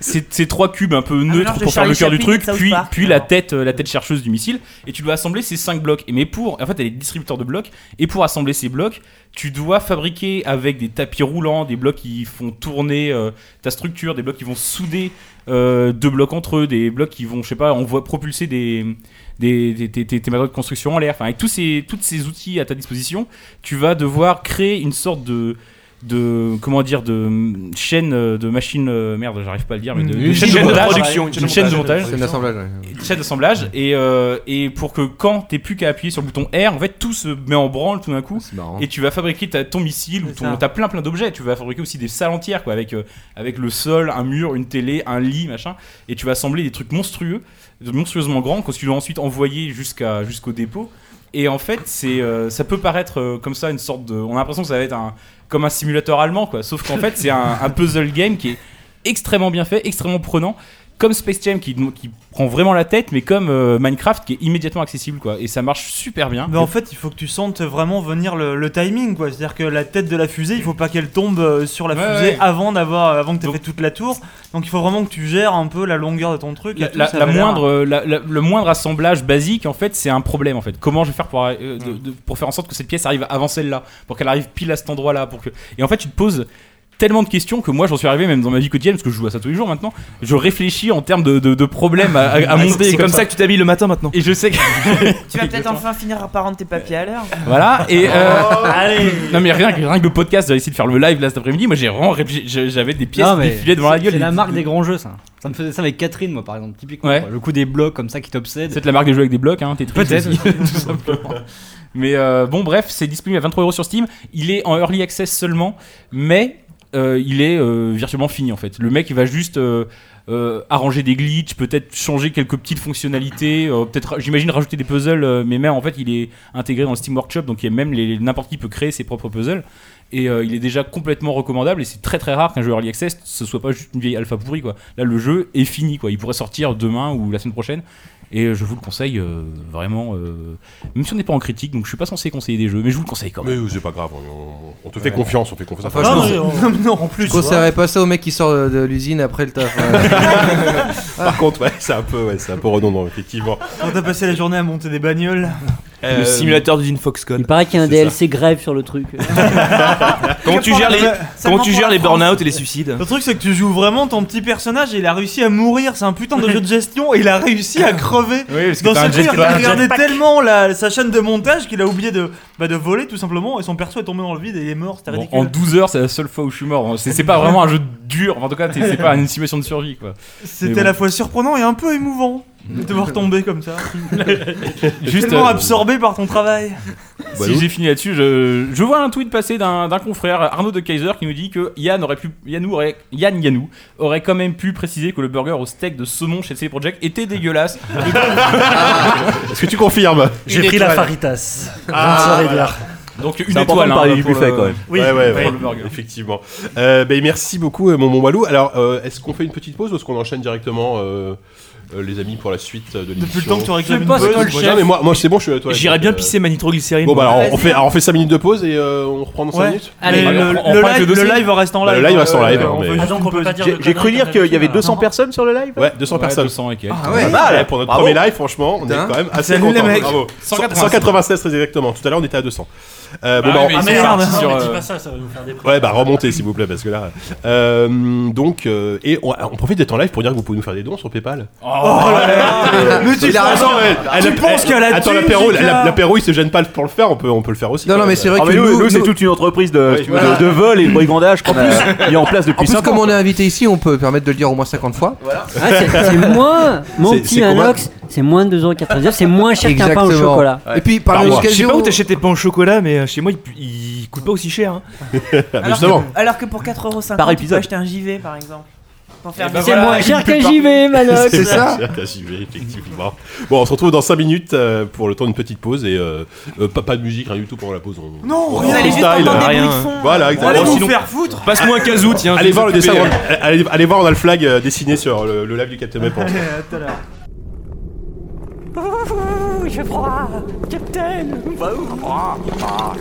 Speaker 7: c'est c'est trois cubes un peu neutres
Speaker 4: mélange de
Speaker 7: pour faire le
Speaker 4: Charlie
Speaker 7: cœur
Speaker 4: Chaplin
Speaker 7: du
Speaker 4: et
Speaker 7: truc,
Speaker 4: de South
Speaker 7: puis,
Speaker 4: Park.
Speaker 7: puis la tête, euh, la tête chercheuse du missile, et tu dois assembler ces cinq blocs. Et mais pour, en fait, t'as des distributeurs de blocs, et pour assembler ces blocs, tu dois fabriquer avec des tapis roulants, des blocs qui font tourner euh, ta structure, des blocs qui vont souder euh, deux blocs entre eux, des blocs qui vont, je sais pas, on voit propulser des des, des, des- des- des matériaux de construction en l'air. Enfin, avec tous ces, tous ces outils à ta disposition, tu vas devoir créer une sorte de de comment dire de mm, chaîne euh, de machine euh, merde j'arrive pas à le dire mais de,
Speaker 5: Une
Speaker 7: de
Speaker 5: chaîne de
Speaker 7: montage,
Speaker 5: production,
Speaker 7: une chaîne de montage
Speaker 5: Chaîne d'assemblage, ouais.
Speaker 7: Une chaîne d'assemblage et, euh, et pour que quand t'es plus qu'à appuyer sur le bouton R en fait tout se met en branle tout d'un coup et tu vas fabriquer ta- ton missile ou
Speaker 12: C'est
Speaker 7: ton
Speaker 12: ça.
Speaker 7: t'as plein plein d'objets tu vas fabriquer aussi des salles entières quoi avec euh, avec le sol un mur une télé un lit machin et tu vas assembler des trucs monstrueux monstrueusement grands que tu dois ensuite envoyer jusqu'à jusqu'au dépôt et en fait, c'est, euh, ça peut paraître euh, comme ça une sorte de. On a l'impression que ça va être un, comme un simulateur allemand, quoi. Sauf qu'en fait, c'est un, un puzzle game qui est extrêmement bien fait, extrêmement prenant, comme Space Jam qui, qui prend vraiment la tête, mais comme euh, Minecraft qui est immédiatement accessible, quoi. Et ça marche super bien.
Speaker 12: Mais en fait, il faut que tu sentes vraiment venir le, le timing, quoi. C'est-à-dire que la tête de la fusée, il faut pas qu'elle tombe euh, sur la
Speaker 7: Ouais,
Speaker 12: fusée
Speaker 7: ouais.
Speaker 12: avant d'avoir, avant que t'aies fait toute la tour. Donc il faut vraiment que tu gères un peu la longueur de ton truc. et
Speaker 7: la,
Speaker 12: tout,
Speaker 7: la-
Speaker 12: ça
Speaker 7: la
Speaker 12: va l'air-
Speaker 7: moindre, euh, la- la- le moindre assemblage basique, en fait, c'est un problème. En fait, comment je vais faire pour, arri- euh, de- de- pour faire en sorte que cette pièce arrive avant celle-là, pour qu'elle arrive pile à cet endroit-là, pour que. Et en fait, tu te poses tellement de questions que moi, j'en suis arrivé même dans ma vie quotidienne, parce que je joue à ça tous les jours maintenant. Je réfléchis en termes de, de- de problèmes à, à- à
Speaker 10: Ah, c'est-
Speaker 7: monter.
Speaker 10: c'est comme ça que tu
Speaker 7: t'habilles le matin maintenant. Et je sais que.
Speaker 6: Tu vas peut-être enfin finir par rendre tes papiers à l'heure.
Speaker 7: Voilà, et. euh,
Speaker 6: Oh. Allez.
Speaker 7: Non, mais rien que, rien que le podcast, j'avais essayé de faire le live là cet après-midi. Moi, j'ai vraiment. réfléchi- J'avais des pièces
Speaker 13: Non, mais
Speaker 7: qui défilaient devant la
Speaker 13: c'est-
Speaker 7: gueule.
Speaker 13: C'est la
Speaker 7: Des-
Speaker 13: marque des grands jeux, ça. Ça me faisait ça avec Catherine, moi, par exemple, typiquement.
Speaker 7: Ouais.
Speaker 13: quoi. Le coup des blocs comme ça qui t'obsède.
Speaker 7: C'est de la marque des jeux avec des blocs, hein, Tetris
Speaker 13: Peut-être.
Speaker 7: aussi, tout simplement. Mais euh, bon, bref, c'est disponible à 23 euros sur Steam. Il est en early access seulement, mais euh, il est euh, virtuellement fini en fait. Le mec, il va juste euh, euh, arranger des glitches, peut-être changer quelques petites fonctionnalités, euh, peut-être, j'imagine, rajouter des puzzles. euh, mais même en fait, il est intégré dans le Steam Workshop, donc il y a même les- n'importe qui peut créer ses propres puzzles. Et euh, il est déjà complètement recommandable. Et c'est très très rare qu'un jeu early access ce soit pas juste une vieille alpha pourrie quoi. Là, le jeu est fini quoi. Il pourrait sortir demain ou la semaine prochaine. Et euh, je vous le conseille euh, vraiment, euh, même si on n'est pas en critique, donc je suis pas censé conseiller des jeux, mais je vous le conseille quand
Speaker 2: Mais
Speaker 7: même.
Speaker 2: c'est pas grave, on, te fait confiance, on fait confiance.
Speaker 5: Enfin, je
Speaker 2: non,
Speaker 5: cons-
Speaker 2: non, en plus,
Speaker 5: Je
Speaker 2: tu vois.
Speaker 5: conseillerais pas ça au mec qui sort euh, de, de l'usine après le taf.
Speaker 2: Par contre, ouais, c'est un peu, ouais, c'est un peu redondant, effectivement.
Speaker 12: Quand t'as passé la journée à monter des bagnoles.
Speaker 2: Euh, simulateur
Speaker 10: d'une Foxconn.
Speaker 4: Il paraît qu'il y a un
Speaker 10: C'est ça.
Speaker 4: DLC grève sur le truc.
Speaker 10: Comment tu gères les,
Speaker 12: Seulement
Speaker 10: comment tu
Speaker 12: pour
Speaker 10: gères
Speaker 12: la
Speaker 10: les
Speaker 12: France.
Speaker 10: burn-out et les suicides
Speaker 12: Le truc, c'est que tu joues vraiment ton petit personnage et il a réussi à mourir. C'est un putain de jeu de gestion et il a réussi à crever.
Speaker 7: Oui, parce que
Speaker 12: Dans
Speaker 7: t'as
Speaker 12: ce
Speaker 7: un
Speaker 12: jeu, il
Speaker 7: jetpack.
Speaker 12: a regardé
Speaker 7: Jetpack.
Speaker 12: tellement la- sa chaîne de montage qu'il a oublié de, bah, de voler tout simplement et son perso est tombé dans le vide et il est mort. C'était
Speaker 7: Bon,
Speaker 12: ridicule.
Speaker 7: en 12 heures, c'est la seule fois où je suis mort. hein. C'est c'est pas vraiment un jeu dur, en tout cas, c'est c'est pas une simulation de survie quoi.
Speaker 12: C'était
Speaker 7: Mais
Speaker 12: à
Speaker 7: bon.
Speaker 12: la fois surprenant et un peu émouvant de te voir tomber comme ça.
Speaker 7: Juste,
Speaker 12: Juste tellement
Speaker 7: euh, Bah,
Speaker 12: absorbé par ton travail.
Speaker 2: Bah,
Speaker 7: si j'ai fini là-dessus, je, je vois un tweet passer d'un d'un confrère, Arnaud de Kaiser, qui nous dit que Yann aurait pu, Yannou aurait, Yann Yannou aurait quand même pu préciser que le burger au steak de saumon chez CD Projekt était dégueulasse.
Speaker 2: Est-ce que tu confirmes
Speaker 8: J'ai pris la faritas.
Speaker 2: Ah,
Speaker 8: Bonne soirée,
Speaker 2: voilà.
Speaker 8: bière.
Speaker 7: Donc
Speaker 2: C'est important de parler du buffet, quand même.
Speaker 8: Oui,
Speaker 2: ouais, ouais,
Speaker 8: oui.
Speaker 2: ouais, effectivement. Euh, ben, merci beaucoup, euh, mon bon Walou. Alors, euh, est-ce qu'on fait une petite pause ou est-ce qu'on enchaîne directement euh, euh, les amis, pour la suite euh, de l'émission.
Speaker 12: Depuis le temps que tu réclames
Speaker 2: Je
Speaker 12: une
Speaker 2: sais pas, c'est
Speaker 12: pause,
Speaker 2: quoi le
Speaker 12: moi,
Speaker 2: chef. Non, mais moi, moi c'est bon, je suis à toi. euh,
Speaker 12: J'irais bien pisser ma nitroglycérine.
Speaker 2: Bon, bah alors on
Speaker 12: Vas-y.
Speaker 2: fait, alors, on fait 5 minutes de pause et euh, on reprend dans 5
Speaker 12: Ouais.
Speaker 2: minutes.
Speaker 12: Allez,
Speaker 2: Allez,
Speaker 12: le-
Speaker 2: on-
Speaker 12: le
Speaker 2: on parle
Speaker 12: live-
Speaker 2: de
Speaker 12: le
Speaker 2: dossier. Bah,
Speaker 12: live reste en
Speaker 2: Le
Speaker 12: live,
Speaker 2: live reste en
Speaker 12: euh,
Speaker 2: live. hein,
Speaker 12: on
Speaker 2: mais-
Speaker 12: peut juste Ah, donc, on peut pas dire de
Speaker 7: J'ai- J'ai cru dire qu'il y avait 200
Speaker 11: personnes sur le live hein.
Speaker 2: Ouais, 200 personnes.
Speaker 7: 200 et quelques.
Speaker 2: Ah ouais, pas mal. Pour notre premier live, franchement, on est quand même assez
Speaker 11: Salut les
Speaker 2: contents.
Speaker 11: mecs.
Speaker 2: Bravo.
Speaker 11: 196.
Speaker 2: 196 très exactement. Tout à l'heure, on était à 200. Euh,
Speaker 8: Bah
Speaker 2: bon,
Speaker 8: oui,
Speaker 2: bah,
Speaker 8: mais
Speaker 2: on-
Speaker 8: ils sont Ah, merde. partis sur, Non, mais dis pas ça, ça va nous faire des
Speaker 2: Ouais, bah remontez s'il vous plaît, parce que là. euh, donc, euh, et on, on profite d'être en live pour dire que vous pouvez nous faire des dons sur PayPal.
Speaker 12: Oh là là Mais tu
Speaker 2: Il a
Speaker 12: penses-
Speaker 2: raison, ouais.
Speaker 12: tu
Speaker 2: Ah, la-
Speaker 12: penses
Speaker 2: eh,
Speaker 12: qu'elle a
Speaker 2: Attends,
Speaker 12: tué,
Speaker 2: l'apéro,
Speaker 12: Lucas
Speaker 2: la- l'apéro, il se gêne pas pour le faire, on peut, on peut le faire aussi.
Speaker 5: Non,
Speaker 2: quand
Speaker 5: non, mais
Speaker 2: même.
Speaker 5: c'est vrai
Speaker 11: Ah,
Speaker 5: que
Speaker 11: mais nous,
Speaker 5: nous-
Speaker 11: nous, c'est
Speaker 5: nous-
Speaker 11: toute une entreprise de,
Speaker 2: Ouais,
Speaker 11: de-
Speaker 2: voilà.
Speaker 11: de vol et de brigandage qu'on a qui est en place
Speaker 5: En
Speaker 11: depuis
Speaker 5: plus,
Speaker 11: 5
Speaker 5: comme
Speaker 11: ans.
Speaker 5: on est invité ici, on peut permettre de le dire au moins 50 fois.
Speaker 11: Voilà.
Speaker 4: Ah, c'est- c'est moins, mon
Speaker 5: C'est-
Speaker 4: petit
Speaker 5: c'est combien
Speaker 4: Anox, c'est moins de 2,99€, c'est moins cher qu'un pain au
Speaker 5: Exactement.
Speaker 4: chocolat.
Speaker 5: Et puis, par
Speaker 11: Par
Speaker 5: une
Speaker 11: mois.
Speaker 5: occasion.
Speaker 11: Je sais pas où t'achètes
Speaker 12: tes pains au chocolat, mais euh, chez moi, ils pu- ils coûtent pas aussi cher. hein.
Speaker 6: Alors que, alors que pour 4,50€,
Speaker 12: Par
Speaker 6: tu peux
Speaker 12: épisode.
Speaker 6: acheter un JV par exemple. Pour faire
Speaker 4: Eh ben
Speaker 6: du-
Speaker 4: C'est voilà. moins cher qu'un JV, Manox. C'est
Speaker 2: C'est ça.
Speaker 4: ça.
Speaker 2: JV, effectivement. Bon, on se retrouve dans 5 minutes euh, pour le temps d'une petite pause et euh, euh, pas, pas de musique, rien du tout pendant la pause. On,
Speaker 12: Non,
Speaker 2: on
Speaker 12: rien. Vous allez juste
Speaker 2: freestyle.
Speaker 12: entendre des bruits de fond.
Speaker 2: Voilà,
Speaker 12: Allez
Speaker 2: exactement.
Speaker 12: vous
Speaker 2: Sinon-
Speaker 12: faire foutre. Passe-moi un casou, tiens, je
Speaker 2: Allez
Speaker 12: vais euh.
Speaker 2: voir le
Speaker 12: t'occuper.
Speaker 2: dessin. Allez, allez voir, on a le flag euh, dessiné sur le, le live du Captain Web.
Speaker 12: Allez, à tout à l'heure.
Speaker 17: Ouh, j'ai froid Captain Va où Oh,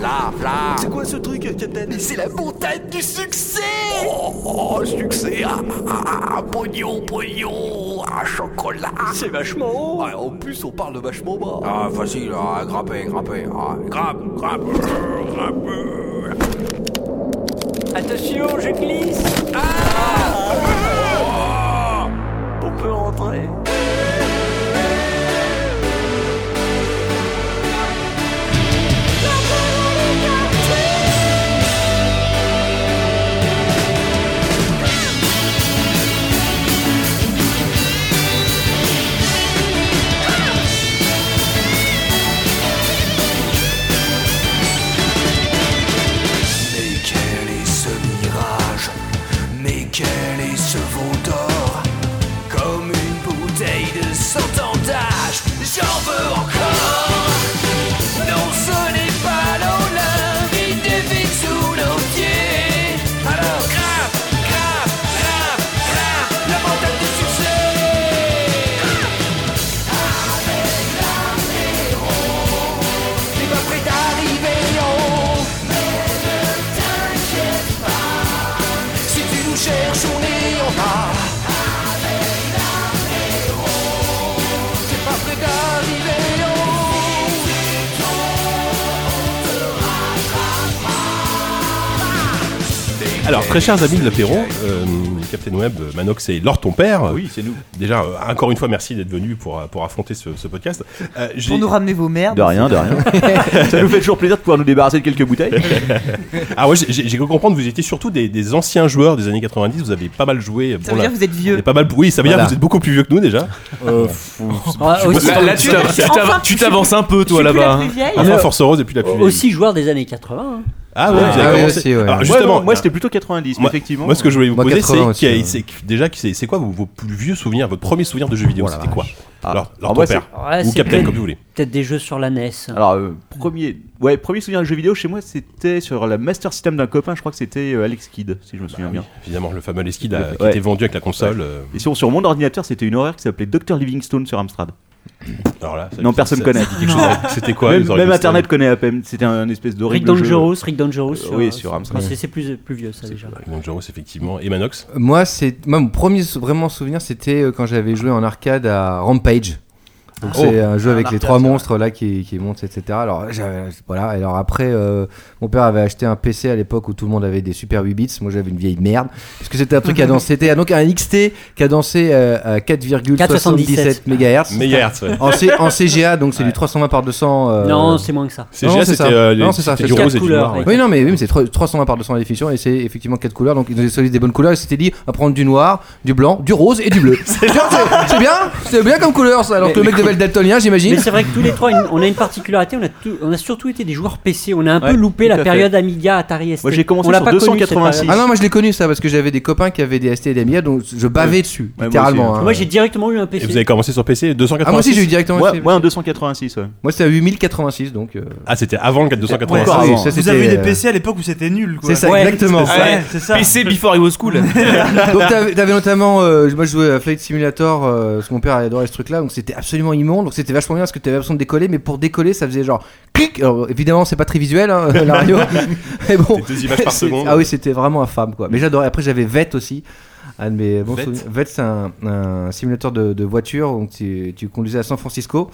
Speaker 17: là, là C'est quoi ce truc, Captain Mais c'est la montagne du succès Oh, oh, succès ah, ah, ah, ah, Pognon, pognon Ah, chocolat C'est vachement haut En plus, on parle de vachement bas
Speaker 5: Ah, facile, ah, grimper, grimper. Ah, grimpe, grimpe, euh, grimpe. euh.
Speaker 17: Attention, je glisse
Speaker 2: Ah.
Speaker 17: On peut rentrer Mais quel est ce mirage Mais quel est ce veau d'or Comme une bouteille de cent ans d'âge, j'en veux encore Non, ce n'est pas l'eau, la vie dévite sous nos pieds Alors grave, grave, grave, grave, la montagne du succès Avec l'apéro, t'es pas prêt d'arriver en haut t'inquiète pas, si tu nous cherches, on est en bas. Avec l'apéro, c'est pas près d'arriver en haut. On te rattrapera.
Speaker 2: Alors, très chers amis de l'apéro, euh, Captain Web, euh, Manox et Lord ton père. Oui, c'est nous. Déjà, euh, encore une fois, merci d'être venu pour, euh, pour affronter ce, ce podcast. Euh, j'ai-
Speaker 6: Pour nous ramener vos merdes.
Speaker 2: De rien, de rien.
Speaker 11: Ça nous fait toujours plaisir de pouvoir nous débarrasser de quelques bouteilles.
Speaker 2: Ah ouais, j'ai j'ai cru comprendre, vous étiez surtout des, des anciens joueurs des années 90, vous avez pas mal joué.
Speaker 6: Ça veut dire que vous êtes vieux.
Speaker 2: Pas mal, oui, ça veut dire
Speaker 11: Voilà.
Speaker 2: que vous êtes beaucoup plus vieux que nous déjà.
Speaker 11: Euh,
Speaker 4: Ah, aussi,
Speaker 11: Là- là,
Speaker 4: tu
Speaker 11: tu t'av-
Speaker 4: restes-
Speaker 11: tu t'av-
Speaker 4: enfin,
Speaker 11: tu
Speaker 4: je suis
Speaker 11: t'avances
Speaker 4: plus-
Speaker 11: un peu,
Speaker 4: je
Speaker 11: toi,
Speaker 4: suis plus
Speaker 11: là-bas,
Speaker 4: la plus
Speaker 11: hein. Euh,
Speaker 4: vieille.
Speaker 2: Enfin,
Speaker 4: Le-
Speaker 2: Force Rose et puis la plus vieille.
Speaker 4: Euh, Aussi joueur des années hein. 80.
Speaker 2: Ah ouais, vous avez commencé. Alors, justement, euh,
Speaker 11: moi, c'était plutôt 90, mais
Speaker 2: moi,
Speaker 11: effectivement.
Speaker 2: Moi, ce que je voulais vous
Speaker 11: Moi,
Speaker 2: poser,
Speaker 11: 80
Speaker 2: c'est
Speaker 11: aussi,
Speaker 2: qui a-
Speaker 11: ouais.
Speaker 2: c'est que- déjà, qui- c'est c'est quoi vos, vos plus vieux souvenirs, votre premier souvenir de jeu vidéo C'était quoi Alors,
Speaker 11: Alors,
Speaker 2: alors ton
Speaker 11: moi,
Speaker 2: père
Speaker 11: c'est- Ouais,
Speaker 2: ou
Speaker 11: c'est
Speaker 2: Captain,
Speaker 11: peut-être-
Speaker 2: comme vous voulez.
Speaker 4: Peut-être des jeux sur la E NES.
Speaker 11: Alors, euh, premier, ouais, premier souvenir de jeu vidéo chez moi, c'était sur la Master System d'un copain, je crois que c'était euh, Alex Kidd, si je me souviens bien.
Speaker 2: Bah Évidemment, le fameux Alex Kidd euh, qui était vendu avec la console, euh.
Speaker 11: Et sur, sur mon ordinateur, c'était une horreur qui s'appelait Dr. Livingstone sur Amstrad.
Speaker 2: Alors là, ça-
Speaker 11: non,
Speaker 2: ça-
Speaker 11: personne
Speaker 2: ça-
Speaker 11: connaît.
Speaker 2: ça dit quelque chose. C'était quoi,
Speaker 11: Même,
Speaker 2: les
Speaker 11: même
Speaker 2: Livingstone
Speaker 11: Internet connaît à peine. C'était un, espèce de
Speaker 4: Rick Dangerous, Rick Dangerous.
Speaker 11: Euh, oui, sur Amstrad.
Speaker 4: C'est c'est plus, plus vieux ça déjà.
Speaker 2: Donc, Jaros, effectivement. Et Manox
Speaker 5: Moi, c'est moi, mon premier sou- vraiment souvenir, c'était euh, quand j'avais joué en arcade à Rampage. Donc
Speaker 2: Oh.
Speaker 5: c'est un jeu
Speaker 2: Un
Speaker 5: avec les
Speaker 2: arcade,
Speaker 5: trois monstres là qui, qui montent, etc. Alors j'avais- voilà. Et Alors après, euh, mon père avait acheté un PC à l'époque où tout le monde avait des super 8 bits. Moi j'avais une vieille merde parce que c'était un truc à danser. C'était donc un XT qui a dansé euh, à 4,77 MHz.
Speaker 2: Mégahertz, ouais.
Speaker 5: En, C- en CGA, donc c'est du 320 par 200. euh,
Speaker 4: Non, c'est moins que ça.
Speaker 5: Non,
Speaker 4: CGA,
Speaker 5: c'est
Speaker 4: c'était,
Speaker 5: ça.
Speaker 4: euh, les-
Speaker 5: non, c'est ça.
Speaker 4: c'était
Speaker 5: c'est
Speaker 4: du
Speaker 5: ça.
Speaker 4: rose et du Quatre noir, couleurs, ouais.
Speaker 5: Oui, non, mais, oui, mais c'est trois- 320 par 200 la définition et c'est effectivement quatre couleurs. Donc ils nous ont choisi des bonnes couleurs. Ils s'étaient dit, on va prendre du noir, du blanc, du rose et du bleu. Tu vois, c'est c'est bien, c'est bien comme couleur ça. Alors
Speaker 4: Mais
Speaker 5: que le
Speaker 4: les
Speaker 5: mec devait s'appelle daltonien, j'imagine.
Speaker 4: Mais c'est vrai que tous les trois, une- on a une particularité. On a, tout- on a surtout été des joueurs PC. On a un
Speaker 5: Ouais,
Speaker 4: peu loupé
Speaker 5: tout
Speaker 4: la
Speaker 5: à fait.
Speaker 4: période Amiga, Atari ST. on l'a pas connu, cette période.
Speaker 5: Ah non, moi je l'ai connu ça parce que j'avais des copains qui avaient des ST et des Amiga, donc je bavais dessus,
Speaker 4: moi
Speaker 5: littéralement.
Speaker 4: aussi.
Speaker 5: hein.
Speaker 4: Moi, j'ai directement eu un PC.
Speaker 2: Et vous avez commencé sur PC 286
Speaker 5: Ah, moi aussi, j'ai eu directement
Speaker 2: Ouais,
Speaker 5: aussi.
Speaker 2: ouais,
Speaker 11: un 286, ouais.
Speaker 5: Moi c'était à 8086, donc. euh,
Speaker 2: Ah, c'était avant le
Speaker 5: Ouais,
Speaker 2: 286.
Speaker 5: encore avant. Ça,
Speaker 12: Vous
Speaker 5: c'était,
Speaker 12: avez eu des
Speaker 5: euh,
Speaker 12: PC à l'époque où c'était nul, quoi.
Speaker 5: C'est ça, exactement.
Speaker 12: Ouais, c'est ça.
Speaker 11: before it was cool.
Speaker 5: donc t'avais t'avais notamment, euh, moi je jouais à Flight Simulator, euh, parce que mon père adorait ce truc là, donc c'était absolument immonde, donc c'était vachement bien parce que t'avais l'impression de décoller, mais pour décoller ça faisait genre clic, alors évidemment c'est pas très visuel hein, la radio, mais bon.
Speaker 2: C'était deux images par
Speaker 5: c'est-
Speaker 2: seconde.
Speaker 5: Ah oui c'était vraiment infâme quoi, mais j'adorais, après j'avais VET aussi. Un de mes bons
Speaker 2: VET.
Speaker 5: souvenirs. VET, c'est un, un simulateur de, de voiture, donc tu, tu conduisais à San Francisco.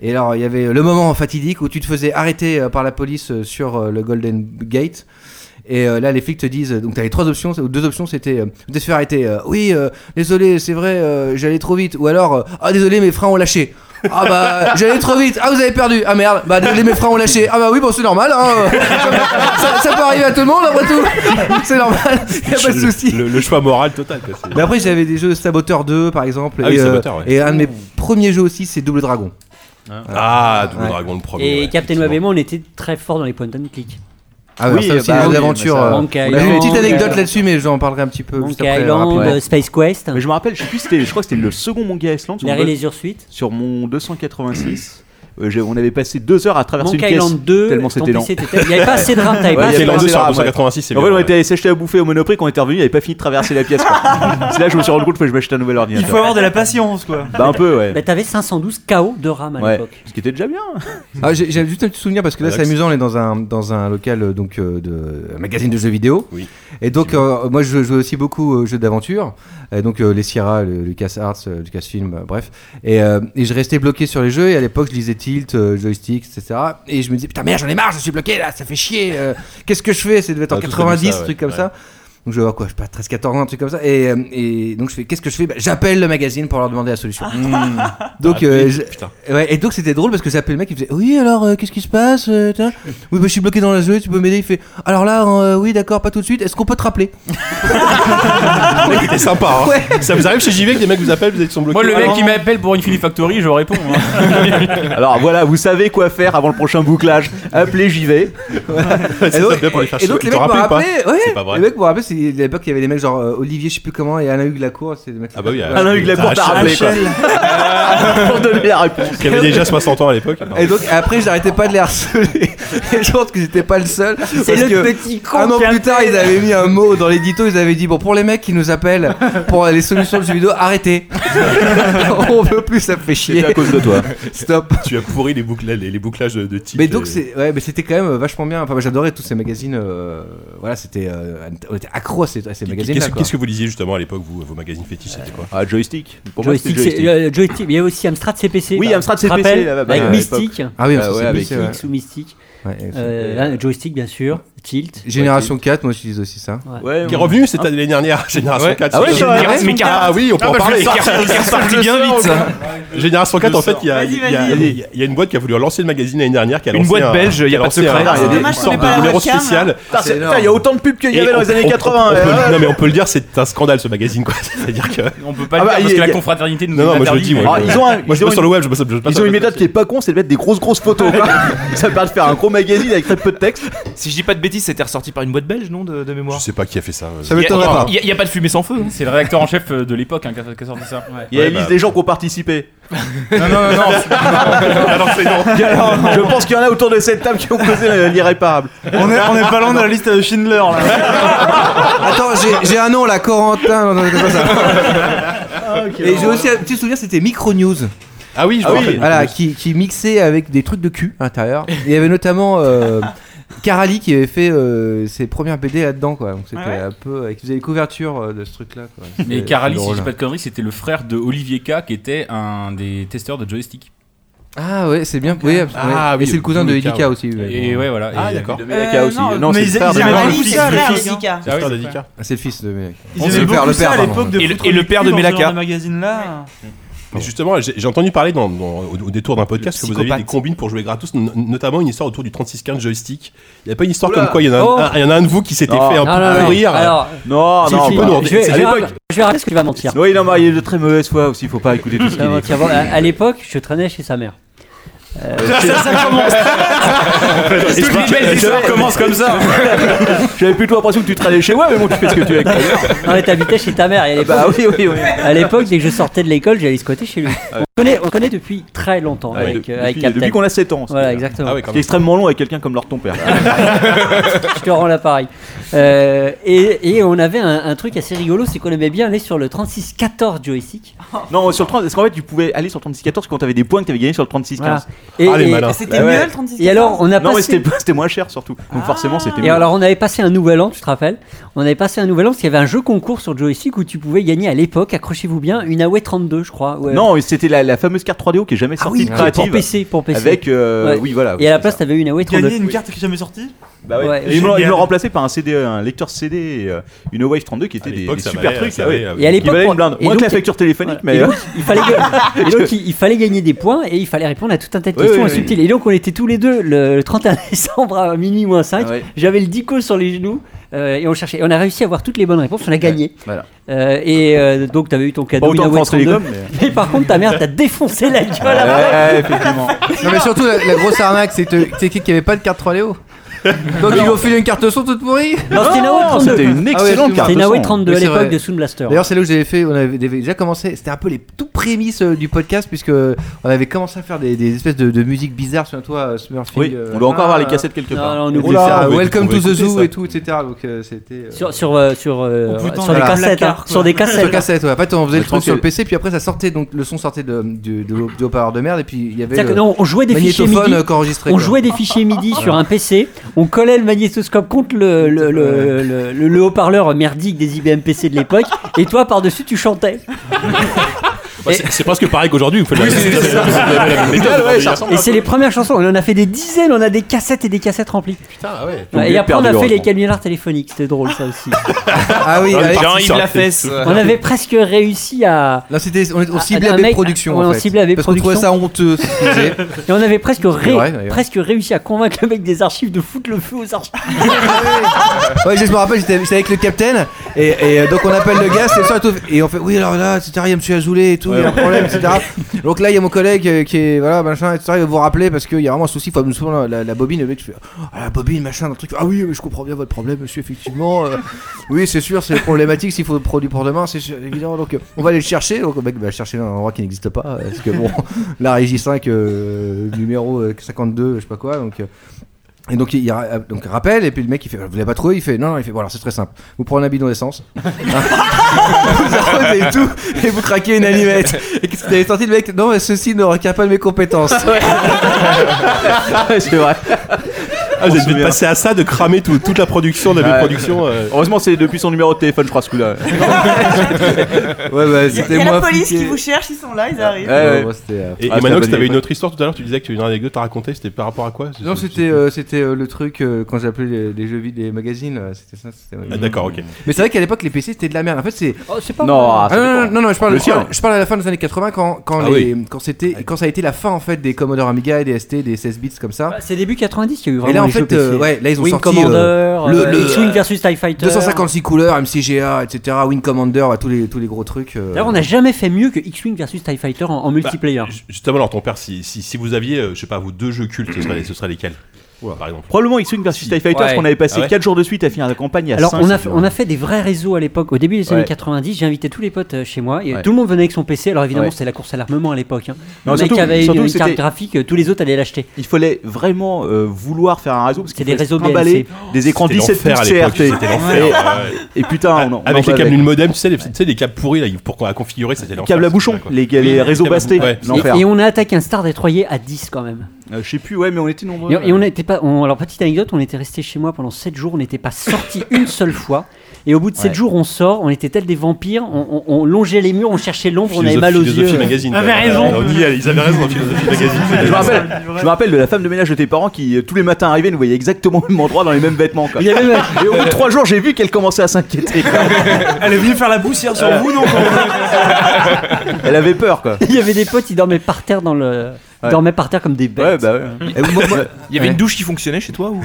Speaker 5: Et alors, il y avait le moment fatidique où tu te faisais arrêter euh, par la police euh, sur euh, le Golden Gate. Et euh, là, les flics te disent, donc tu avais trois options, ou deux options, c'était euh, de te faire arrêter. euh, oui, euh, désolé, c'est vrai, euh, j'allais trop vite. Ou alors, euh, ah désolé, mes freins ont lâché. Ah bah, j'allais trop vite. Ah, vous avez perdu. Ah merde, bah désolé, mes freins ont lâché. Ah bah oui, bon, c'est normal. Hein. ça, ça peut arriver à tout le monde, après tout. C'est normal, y a pas de
Speaker 2: Le-
Speaker 5: souci.
Speaker 2: Le, le choix moral total. quoi, c'est-
Speaker 5: Mais après, j'avais des jeux Saboteur 2, par exemple.
Speaker 2: Ah
Speaker 5: et, euh,
Speaker 2: oui, Saboteur, ouais.
Speaker 5: et un de mes premiers jeux aussi, c'est Double Dragon.
Speaker 2: Ah, Double Dragon, le premier.
Speaker 4: Et
Speaker 2: ouais.
Speaker 4: Captain Web et moi, on était très forts dans les point and click.
Speaker 5: Ah oui, alors ça aussi, les aventures. euh, on a eu une petite anecdote là-dessus, mais j'en parlerai un petit peu.
Speaker 4: Monkey
Speaker 5: juste après,
Speaker 4: Island,
Speaker 5: rapidement.
Speaker 4: euh, Space Quest.
Speaker 11: Mais je me rappelle, je sais plus, c'était- je crois que c'était le second Monkey Island.
Speaker 4: Larry
Speaker 11: mon-
Speaker 4: les Ursuites.
Speaker 11: Sur mon 286. euh, j'ai- on avait passé deux heures à traverser
Speaker 4: Monkey
Speaker 11: une pièce
Speaker 4: Island 2,
Speaker 11: tellement
Speaker 4: ton
Speaker 11: c'était lent.
Speaker 4: PC était- il y avait pas assez de rames, t'avais
Speaker 11: Ouais,
Speaker 4: pas
Speaker 11: il y
Speaker 4: assez
Speaker 11: avait
Speaker 4: de
Speaker 11: pas
Speaker 4: rames.
Speaker 11: assez de rames,
Speaker 2: 286, c'est
Speaker 11: En fait,
Speaker 2: bien,
Speaker 11: on était allé s'acheter à bouffer au Monoprix, quand on est revenu, il avait pas fini de traverser la pièce. quoi. C'est là que je me suis rendu compte que je m'acheter un nouvel ordinateur.
Speaker 12: Il faut avoir de la patience, quoi.
Speaker 11: Bah, un peu, ouais.
Speaker 4: Bah, t'avais 512 KO de RAM à
Speaker 11: Ouais.
Speaker 4: l'époque.
Speaker 11: Ce qui était déjà bien.
Speaker 5: Ah, j'ai j'ai juste un petit souvenir parce que là c'est
Speaker 11: Alex.
Speaker 5: amusant, on est dans un, dans un local euh, donc, euh, de un magazine de jeux vidéo.
Speaker 2: Oui.
Speaker 5: Et donc euh, moi je jouais aussi beaucoup aux jeux d'aventure, Et donc euh, les Sierra, le LucasArts, euh, Lucasfilm, euh, bref. Et, euh, et je restais bloqué sur les jeux et à l'époque je lisais Tilt, euh, Joystick, etc. Et je me disais putain merde j'en ai marre, je suis bloqué là, ça fait chier, euh, qu'est-ce que je fais C'est devait être en
Speaker 2: Ah, tous
Speaker 5: 90,
Speaker 2: comme ça,
Speaker 5: un
Speaker 2: ouais.
Speaker 5: truc comme
Speaker 2: Ouais.
Speaker 5: ça. Donc je vois quoi, je sais pas 13, 14 ans, un truc comme ça. Et, euh, et donc je fais, qu'est-ce que je fais Bah, J'appelle le magazine pour leur demander la solution. Donc,
Speaker 2: Ah,
Speaker 5: euh,
Speaker 2: oui,
Speaker 5: je-
Speaker 2: putain.
Speaker 5: ouais, et donc c'était drôle parce que j'appelais le mec, il faisait oui alors euh, qu'est-ce qui se passe euh, t'as Oui bah, je suis bloqué dans la zone, tu peux m'aider Il fait alors là euh, oui d'accord pas tout de suite, est-ce qu'on peut te rappeler
Speaker 2: Il était sympa. hein. Ça vous arrive chez JV que des mecs vous appellent, vous êtes sont bloqués.
Speaker 7: Moi, le
Speaker 2: Ah,
Speaker 7: mec
Speaker 2: non.
Speaker 7: qui m'appelle pour Infinity Factory, je réponds. hein.
Speaker 11: Alors voilà, vous savez quoi faire avant le prochain bouclage. Appelez JV.
Speaker 2: C'est ça, bien pour les faire
Speaker 5: Et donc
Speaker 2: chier.
Speaker 5: les
Speaker 2: T'en
Speaker 5: mecs m'ont
Speaker 2: rappelles ou pas
Speaker 5: rappelé, ouais,
Speaker 2: hein. C'est pas vrai.
Speaker 5: les mecs m'ont rappelé, c'est à l'époque il y avait des mecs genre euh, Olivier je sais plus comment et Alain Hugues Lacour, c'est des mecs.
Speaker 2: Ah bah oui,
Speaker 11: Alain Hugues Lacour t'a rappelé, quoi. Pour donner la réponse.
Speaker 2: Qui avait déjà 60 ans à l'époque.
Speaker 5: Et donc après j'arrêtais pas de les harceler. Et je pense que j'étais pas le seul.
Speaker 2: C'est
Speaker 5: parce
Speaker 2: le
Speaker 5: que
Speaker 2: petit con
Speaker 5: Un an
Speaker 2: qui
Speaker 5: plus tard ils avaient mis un mot dans l'édito, ils avaient dit bon pour les mecs qui nous appellent pour les solutions de jeux vidéo, arrêtez. On veut plus, ça me fait chier.
Speaker 11: à cause de toi.
Speaker 5: Stop.
Speaker 2: Tu as pourri les, boucla- les, les bouclages de, euh, de titres.
Speaker 5: Mais donc c'est ouais, mais c'était quand même vachement bien. Enfin, moi, j'adorais tous ces magazines. euh, voilà, c'était euh, on était accro à ces, à ces magazines.
Speaker 2: Qu'est-ce qu'est-ce que vous lisiez justement à l'époque, vous, vos magazines fétiches C'était quoi
Speaker 11: Ah, joystick.
Speaker 4: Joystick, c'est- le- joystick, Il y a aussi Amstrad CPC.
Speaker 11: Oui,
Speaker 4: par-
Speaker 11: Amstrad
Speaker 4: tu te
Speaker 11: CPC,
Speaker 4: rappelles,
Speaker 11: là, bah, bah,
Speaker 4: avec
Speaker 11: à
Speaker 4: Mystique.
Speaker 11: l'époque. Ah oui, Ah ouais,
Speaker 5: avec
Speaker 4: Mystique,
Speaker 5: Mystique, ouais.
Speaker 4: sous Mystique.
Speaker 5: Ouais, et
Speaker 4: Euh,
Speaker 5: c'était-
Speaker 4: là, joystick, bien sûr. Tilt.
Speaker 5: Génération 4, moi je disais aussi ça.
Speaker 11: Ouais,
Speaker 2: Qui est revenu cette année dernière, Génération
Speaker 5: Ouais.
Speaker 2: 4.
Speaker 5: Ah ouais,
Speaker 2: c'est-
Speaker 5: c'est vrai.
Speaker 2: Génération
Speaker 5: Mais
Speaker 2: 4.
Speaker 5: car-
Speaker 2: Ah oui, on peut
Speaker 5: Ah
Speaker 2: en
Speaker 5: bah, je
Speaker 2: parler.
Speaker 5: le sors, je le sors, je le sors, je le sors.
Speaker 2: Génération 4, en fait, il y a-
Speaker 5: Vas-y,
Speaker 2: il y
Speaker 5: vas-y,
Speaker 2: a-
Speaker 5: vas-y.
Speaker 2: il y a- il y a une boîte qui a voulu relancer le magazine l'année dernière. Qui a
Speaker 11: Une
Speaker 2: lancé
Speaker 11: boîte
Speaker 2: un-
Speaker 11: belge, il y a
Speaker 2: qui
Speaker 11: pas de
Speaker 2: lancé
Speaker 11: secret.
Speaker 2: un-
Speaker 11: Ah,
Speaker 2: une
Speaker 11: dommage qu'on
Speaker 2: sorte
Speaker 11: ait pas
Speaker 2: de
Speaker 11: la
Speaker 2: numéro
Speaker 11: webcam.
Speaker 2: spécial.
Speaker 11: Putain, c'est- putain, il y a autant de pubs qu'il y
Speaker 2: Et
Speaker 11: avait dans
Speaker 2: on-
Speaker 11: les années euh.
Speaker 2: on- on-
Speaker 11: 80,
Speaker 2: on peut le-
Speaker 11: ouais.
Speaker 2: Non, mais on peut le dire, c'est un scandale ce magazine, quoi. C'est-à-dire que.
Speaker 7: On peut
Speaker 11: bah,
Speaker 2: bah,
Speaker 7: pas le dire parce que la confraternité nous
Speaker 2: Non,
Speaker 7: est
Speaker 2: non, moi je le
Speaker 7: interdite,
Speaker 2: dis.
Speaker 7: mais-
Speaker 2: Moi,
Speaker 11: Ah, ils ont un-
Speaker 2: Moi, je
Speaker 11: ils ont
Speaker 2: bosse sur le
Speaker 11: une-
Speaker 2: web, je bosse je passe
Speaker 11: Ils
Speaker 2: sur
Speaker 11: ont
Speaker 2: le
Speaker 11: une méthode qui est pas con, c'est de mettre des grosses grosses photos. quoi. ça permet de faire un gros magazine avec très peu de texte.
Speaker 10: Si je dis pas de bêtises, c'était ressorti par une boîte belge, non, de, de mémoire
Speaker 2: Je sais pas qui a fait ça.
Speaker 10: Ça m'étonnerait
Speaker 7: Il y a-
Speaker 10: pas.
Speaker 7: Il y a- il y a pas de fumée sans feu. hein. C'est le réacteur en chef euh, de l'époque hein, qui a qui a sorti ça.
Speaker 11: Il y a la liste des gens qui ont participé.
Speaker 7: Non, non, non, non.
Speaker 11: Ah non, c'est non. Je pense qu'il y en a autour de cette table qui ont causé l'irréparable.
Speaker 12: On est, on est pas loin de la liste de Schindler là.
Speaker 5: Attends, j'ai- j'ai un nom là, Corentin. non, non, c'est pas ça. Et j'ai aussi un petit souvenir, c'était Micro News.
Speaker 2: Ah oui, je me rappelle.
Speaker 5: Voilà, qui, qui mixait avec des trucs de cul à l'intérieur. Et Il y avait notamment euh, Carali qui avait fait euh, ses premières BD là-dedans, quoi. Donc c'était un
Speaker 18: euh,
Speaker 5: peu. Et qui faisait les couvertures euh, de ce truc-là, quoi.
Speaker 7: Mais
Speaker 5: C'était-
Speaker 7: Carali,
Speaker 5: c'était
Speaker 7: si je
Speaker 5: drôle.
Speaker 7: dis pas de conneries, c'était le frère de Olivier K, qui était un des testeurs de joystick.
Speaker 5: Ah ouais, c'est bien.
Speaker 11: euh,
Speaker 5: Oui, abs-
Speaker 2: Ah
Speaker 5: ouais.
Speaker 2: oui,
Speaker 5: Et c'est le cousin de
Speaker 2: Dominica,
Speaker 5: Elika
Speaker 2: ouais.
Speaker 5: aussi.
Speaker 7: Et ouais, voilà.
Speaker 2: Ah,
Speaker 7: Et-
Speaker 2: d'accord.
Speaker 4: Euh,
Speaker 7: de
Speaker 11: Melaka aussi. Non, c'est le frère de
Speaker 5: Ah,
Speaker 11: Melaka.
Speaker 5: le fils, le
Speaker 12: Elika.
Speaker 5: fils. C'est
Speaker 12: Ah oui,
Speaker 5: le frère
Speaker 12: c'est
Speaker 5: d'Elika.
Speaker 12: frère.
Speaker 5: Ah, C'est le fils de Melaka.
Speaker 12: Ils aimaient beaucoup ça à
Speaker 5: pardon.
Speaker 12: l'époque de foutre du cul dans ce genre de magazine là.
Speaker 2: Mais justement, j'ai j'ai entendu parler dans- dans- au, au détour d'un podcast que vous avez eu des
Speaker 5: psychopathe.
Speaker 2: combines pour jouer gratos, no- notamment une histoire autour du 3615 joystick. Il n'y a pas une histoire
Speaker 5: Oula.
Speaker 2: comme quoi il y, en a un-
Speaker 5: Oh.
Speaker 2: un- il y en a un de vous qui s'était
Speaker 5: Non.
Speaker 2: fait un
Speaker 5: Non,
Speaker 2: peu
Speaker 5: non, non.
Speaker 2: pourrir.
Speaker 5: Alors,
Speaker 11: Non,
Speaker 2: Si,
Speaker 11: non,
Speaker 2: si,
Speaker 11: bah,
Speaker 2: bah, je vais-
Speaker 11: c'est
Speaker 2: je vais-
Speaker 11: l'époque.
Speaker 4: Je vais arrêter ce qu'il va mentir.
Speaker 11: Oui, non, mais il est de très mauvaise foi aussi, faut pas écouter tout ce qu'il
Speaker 4: Non,
Speaker 11: dit.
Speaker 4: tiens, avant, à, à l'époque, je traînais chez sa mère. Euh,
Speaker 11: Est-ce que
Speaker 4: Explique-
Speaker 11: les belles histoires commencent comme ça J'avais plutôt l'impression que tu traînais chez moi, mais bon, tu fais ce que tu veux avec ta mère.
Speaker 4: Non, mais t'habitais chez ta mère. et à l'époque-
Speaker 11: Bah oui, oui, oui.
Speaker 4: À l'époque, dès que je sortais de l'école, j'allais squatter chez lui. On connaît, on connaît depuis très longtemps
Speaker 11: Ah Ouais,
Speaker 4: avec,
Speaker 11: de-
Speaker 4: euh, avec
Speaker 11: depuis-
Speaker 4: Captain.
Speaker 11: depuis qu'on a 7 ans.
Speaker 4: Voilà, exactement.
Speaker 11: C'est extrêmement long avec quelqu'un comme leur ton père.
Speaker 4: je te rends l'appareil. Euh, et, et on avait un, un truc assez rigolo, c'est qu'on aimait bien aller sur le 36-14 joystick.
Speaker 11: Non, sur le 30, est-ce qu'en fait tu pouvais aller sur le 36-14 quand t'avais des points que t'avais gagné sur le 36-15
Speaker 4: Voilà. Ah, Et- et- C'était mieux, le 36-14? Et alors, on a
Speaker 11: Non, mais
Speaker 4: passé-
Speaker 11: c'était pas- c'était moins cher surtout. Donc forcément, c'était
Speaker 4: Et
Speaker 11: mieux.
Speaker 4: alors on avait passé un nouvel an, tu te rappelles On avait passé un nouvel an parce qu'il y avait un jeu concours sur joystick où tu pouvais gagner à l'époque, accrochez-vous bien, une Huawei 32 je crois. ouais. Ah
Speaker 11: Non, mais c'était la, la fameuse carte 3DO qui est jamais sortie
Speaker 4: oui,
Speaker 11: de
Speaker 4: pour
Speaker 11: créative.
Speaker 4: PC, pour PC.
Speaker 11: Avec, euh,
Speaker 4: Ouais.
Speaker 11: oui, voilà.
Speaker 4: Et à la place, t'avais une Huawei 32.
Speaker 12: Gagner une carte qui est jamais sortie
Speaker 11: Bah ouais.
Speaker 4: Ouais.
Speaker 11: Et ils l'ont- ils
Speaker 12: Génial.
Speaker 11: l'ont remplacé par un CD, un lecteur CD, et, euh, une Wave 32 qui était des,
Speaker 2: l'époque,
Speaker 11: des
Speaker 2: ça
Speaker 11: super
Speaker 2: valait-
Speaker 11: trucs.
Speaker 2: ça
Speaker 11: ah ouais.
Speaker 2: valait-
Speaker 4: Et à
Speaker 11: Qui
Speaker 4: l'époque,
Speaker 11: valait
Speaker 4: on-
Speaker 11: une blinde.
Speaker 4: et
Speaker 11: Moins que
Speaker 4: donc,
Speaker 11: la facture téléphonique, mais. euh,
Speaker 4: Et donc, il fallait, ga- et donc, il- il fallait gagner des points et il fallait répondre à tout un tas de
Speaker 11: Oui,
Speaker 4: questions
Speaker 11: oui, oui.
Speaker 4: subtiles. Et donc on était tous les deux le le 31 décembre à minuit moins 5.
Speaker 11: Ah
Speaker 4: J'avais le dico sur les genoux euh, et on cherchait. Et on a réussi à avoir toutes les bonnes réponses, on a gagné.
Speaker 11: Voilà.
Speaker 4: Euh, et euh, donc t'avais eu ton cadeau.
Speaker 11: Pas autant
Speaker 4: une
Speaker 11: que
Speaker 4: Huawei
Speaker 11: France Télécom,
Speaker 4: 32. Mais par contre ta mère t'a défoncé la gueule.
Speaker 11: Ouais, effectivement.
Speaker 5: Non mais surtout la, la grosse arnaque c'est que- c'est qu'il n'y avait pas de carte 3DO. Donc ils lui ont filé une carte son toute pourrie Ah
Speaker 4: Non, c'était une Huawei 32. C'était une Huawei 32 à
Speaker 5: Oui, c'est
Speaker 4: l'époque
Speaker 5: vrai.
Speaker 4: de Sound Blaster.
Speaker 5: D'ailleurs, c'est là où j'avais fait, on avait déjà commencé, c'était un peu les tout prémices euh, du podcast, puisque on avait commencé à faire des, des espèces de, de musique bizarre sur toi, euh, Smurfy.
Speaker 11: Oui,
Speaker 5: euh,
Speaker 11: on doit encore avoir
Speaker 5: ah,
Speaker 11: les cassettes quelque
Speaker 5: euh,
Speaker 11: part.
Speaker 5: non, non,
Speaker 11: Et
Speaker 5: n'oublie
Speaker 11: voilà,
Speaker 5: pas,
Speaker 11: on peut- on
Speaker 5: Welcome
Speaker 11: peut
Speaker 5: to the
Speaker 11: écouter
Speaker 5: Zoo
Speaker 11: ça.
Speaker 5: et tout, etc. Donc euh, c'était. euh,
Speaker 4: Sur, sur, euh, sur, euh,
Speaker 5: On
Speaker 4: sur les
Speaker 5: Voilà.
Speaker 4: cassettes, hein, sur des cassettes. euh,
Speaker 5: Sur cassettes, ouais. En fait, on faisait
Speaker 11: Le
Speaker 5: le truc
Speaker 11: truc,
Speaker 5: sur le
Speaker 11: c'est-
Speaker 5: PC, puis après, ça sortait, donc le son sortait de, du, du, du haut-parleur de merde, et puis il y avait.
Speaker 4: C'est-à-dire
Speaker 5: le
Speaker 4: que non, on jouait des fichiers
Speaker 5: magnétophone,
Speaker 4: MIDI.
Speaker 5: euh, qu'enregistré,
Speaker 4: on
Speaker 5: quoi.
Speaker 4: jouait des fichiers MIDI sur un PC. On collait le magnétoscope contre le, le, le, le- le- le haut-parleur merdique des IBM PC de l'époque. et toi, par-dessus, tu chantais.
Speaker 2: Bah, c'est- C'est presque pareil qu'aujourd'hui, vous faites la même- vous avez la même méthode aujourd'hui, hein.
Speaker 4: et c'est les premières chansons. On en a fait des dizaines. On a des cassettes et des cassettes remplies. Ouais, et après, on a fait les canulars téléphoniques. C'était drôle, ça aussi.
Speaker 5: Ah oui,
Speaker 4: Dans le
Speaker 5: avec-
Speaker 4: parti Jean-Yves Lafesse. On avait presque réussi à.
Speaker 5: Là, c'était, on, on
Speaker 4: à-
Speaker 5: ciblait
Speaker 4: un
Speaker 5: AB
Speaker 4: mec-
Speaker 5: Productions.
Speaker 4: ouais,
Speaker 5: en
Speaker 4: on
Speaker 5: fait.
Speaker 4: ciblait AB
Speaker 5: Parce qu'on trouvait ça honteux. ce qu'ils faisaient.
Speaker 4: Et on avait presque, ré-
Speaker 5: vrai, d'ailleurs.
Speaker 4: presque réussi à convaincre le mec des archives de foutre le feu aux archives.
Speaker 5: ouais, je me rappelle, j'étais j'étais avec le capitaine, et, et, euh, donc on appelle le gars, c'est ça, et tout. Et on fait, oui, alors là, etc., il y a monsieur Azoulay et tout, il y a un problème, etc. Donc là, il y a mon collègue euh, qui est, voilà, machin, etc., il va vous rappeler parce qu'il y a vraiment un souci, faut me souvenir, la, la bobine, le mec, je fais, ah, la bobine, machin, un truc, ah oui, mais je comprends bien votre problème, monsieur, effectivement. euh, oui, c'est sûr, c'est problématique, s'il faut le produit pour demain, c'est sûr, évident, donc euh, on va aller le chercher, donc le mec va chercher dans un endroit qui n'existe pas, euh, parce que bon, la régie 5, euh, numéro euh, 52, je sais pas quoi, donc. euh, et donc il, il ra- donc il rappelle et puis le mec il fait vous l'avez pas trouvé il fait non non il fait bon alors c'est très simple vous prenez un bidon d'essence vous arrosez tout et vous craquez une allumette et qu'est-ce que vous avez sorti le mec non mais ceci ne requiert pas de mes compétences
Speaker 11: c'est vrai
Speaker 2: Ah, vous êtes passé à ça de cramer tout- toute la production de la euh.
Speaker 11: Ouais.
Speaker 2: production.
Speaker 11: Heureusement, c'est depuis son numéro de téléphone, je crois, ce coup-là.
Speaker 5: ouais, bah,
Speaker 6: Il y a la police qui vous cherche, ils sont là, ils arrivent.
Speaker 2: Et, et
Speaker 11: Ah,
Speaker 2: Manox,
Speaker 11: c'était
Speaker 2: t'avais
Speaker 11: pas-
Speaker 2: une autre histoire tout à l'heure, tu disais que tu avais une anecdote à raconter, c'était par rapport à quoi
Speaker 5: non c'était euh, c'était euh, le truc euh, quand j'appelais les, les jeux vidéo les magazines euh, c'était ça c'était-
Speaker 2: Ah, d'accord, ok.
Speaker 5: mais c'est vrai qu'à l'époque les PC c'était de la merde en fait c'est
Speaker 4: Oh, pas
Speaker 11: Non, vrai.
Speaker 5: Ah,
Speaker 11: ça
Speaker 5: non, non,
Speaker 11: dépend.
Speaker 5: non, non, je parle,
Speaker 11: Le
Speaker 5: je, parle,
Speaker 11: sien.
Speaker 5: je parle à la fin des années 80 quand quand
Speaker 11: Ah
Speaker 5: les- quand c'était quand ça a été la fin en fait des Commodore Amiga et des ST des 16 bits comme ça
Speaker 4: Bah, C'est début 90 qu'il y a eu
Speaker 5: Et
Speaker 4: vraiment
Speaker 5: là, en
Speaker 4: les jeux
Speaker 5: fait, euh,
Speaker 4: PC.
Speaker 5: ouais, là, ils ont
Speaker 4: Wing
Speaker 5: sorti
Speaker 4: Commander,
Speaker 5: euh, le,
Speaker 4: euh,
Speaker 5: le-
Speaker 4: X-Wing versus TIE Fighter.
Speaker 5: 256 couleurs, MCGA, etc. Wing Commander, ouais, tous, les, tous les gros trucs. euh.
Speaker 4: D'ailleurs, on n'a jamais fait mieux que X-Wing versus TIE Fighter en,
Speaker 5: Bah,
Speaker 4: en multiplayer.
Speaker 2: Justement, alors ton père, si, si, si vous aviez, euh, je sais pas, vous deux jeux cultes, ce seraient, ce seraient lesquels Par exemple.
Speaker 11: Probablement X-Wing versus TIE Fighter,
Speaker 2: Ouais.
Speaker 11: parce qu'on avait passé
Speaker 2: Ah ouais
Speaker 11: 4 jours de suite à finir la campagne à
Speaker 4: Alors,
Speaker 11: 5,
Speaker 4: on a,
Speaker 11: c'est
Speaker 4: fait,
Speaker 11: sûr.
Speaker 4: on a fait des vrais réseaux à l'époque. Au début des années
Speaker 11: Ouais.
Speaker 4: 90, j'ai invité tous les potes euh, chez moi. Et
Speaker 11: Ouais.
Speaker 4: Tout le monde venait avec son PC. Alors, évidemment,
Speaker 11: Ouais.
Speaker 4: c'était la course à l'armement à l'époque. Hein.
Speaker 11: Non,
Speaker 4: Le mec
Speaker 11: surtout-
Speaker 4: avait une,
Speaker 11: surtout,
Speaker 4: une
Speaker 11: c'était-
Speaker 4: carte graphique, euh, tous les autres allaient l'acheter.
Speaker 11: Il fallait vraiment euh, vouloir faire un réseau parce qu'il
Speaker 4: C'était des
Speaker 11: fallait se
Speaker 4: réseaux
Speaker 11: trimballer
Speaker 4: DLC.
Speaker 11: des écrans
Speaker 2: C'était
Speaker 11: 17 pouces
Speaker 2: l'enfer à l'époque,
Speaker 11: CRT.
Speaker 2: c'était l'enfer, ouais, ouais.
Speaker 11: Et, et putain, on en- on
Speaker 2: Avec
Speaker 11: en
Speaker 2: les câbles
Speaker 11: bavait.
Speaker 2: du modem, tu sais, les, tu sais, les câbles pourris là, pour qu'on a configuré, c'était l'enfer.
Speaker 11: Câbles à bouchon, les- les réseaux bastés,
Speaker 2: Ouais.
Speaker 11: l'enfer.
Speaker 4: Et, et on a attaqué un Star Détroyer à 10 quand même.
Speaker 11: Et- Euh, je sais plus, ouais, mais on était nombreux. euh.
Speaker 4: Et, et on n'était pas. on- alors, petite anecdote, on était resté chez moi pendant 7 jours, on n'était pas sorti une seule fois. Et au bout de 7
Speaker 11: Ouais.
Speaker 4: jours, on sort, on était tels des vampires, on, on- on longeait les murs, on cherchait l'ombre, on avait mal aux yeux.
Speaker 2: On dit, ils avaient raison dans Philosophie Magazine.
Speaker 11: Je me, rappelle, je me rappelle de la femme de ménage de tes parents qui, euh, tous les matins arrivait, nous voyait exactement au même endroit dans les mêmes vêtements. quoi.
Speaker 12: y avait même-
Speaker 11: Et au bout de trois jours, j'ai vu qu'elle commençait à s'inquiéter.
Speaker 12: Elle est venue faire la poussière sur vous, non
Speaker 11: Elle avait peur, quoi.
Speaker 4: Il y avait des potes, ils dormaient par terre dans le. ils
Speaker 11: Ouais.
Speaker 4: dormaient par terre comme des bêtes.
Speaker 5: bah
Speaker 4: Mm.
Speaker 11: Il y avait une douche qui fonctionnait chez toi ou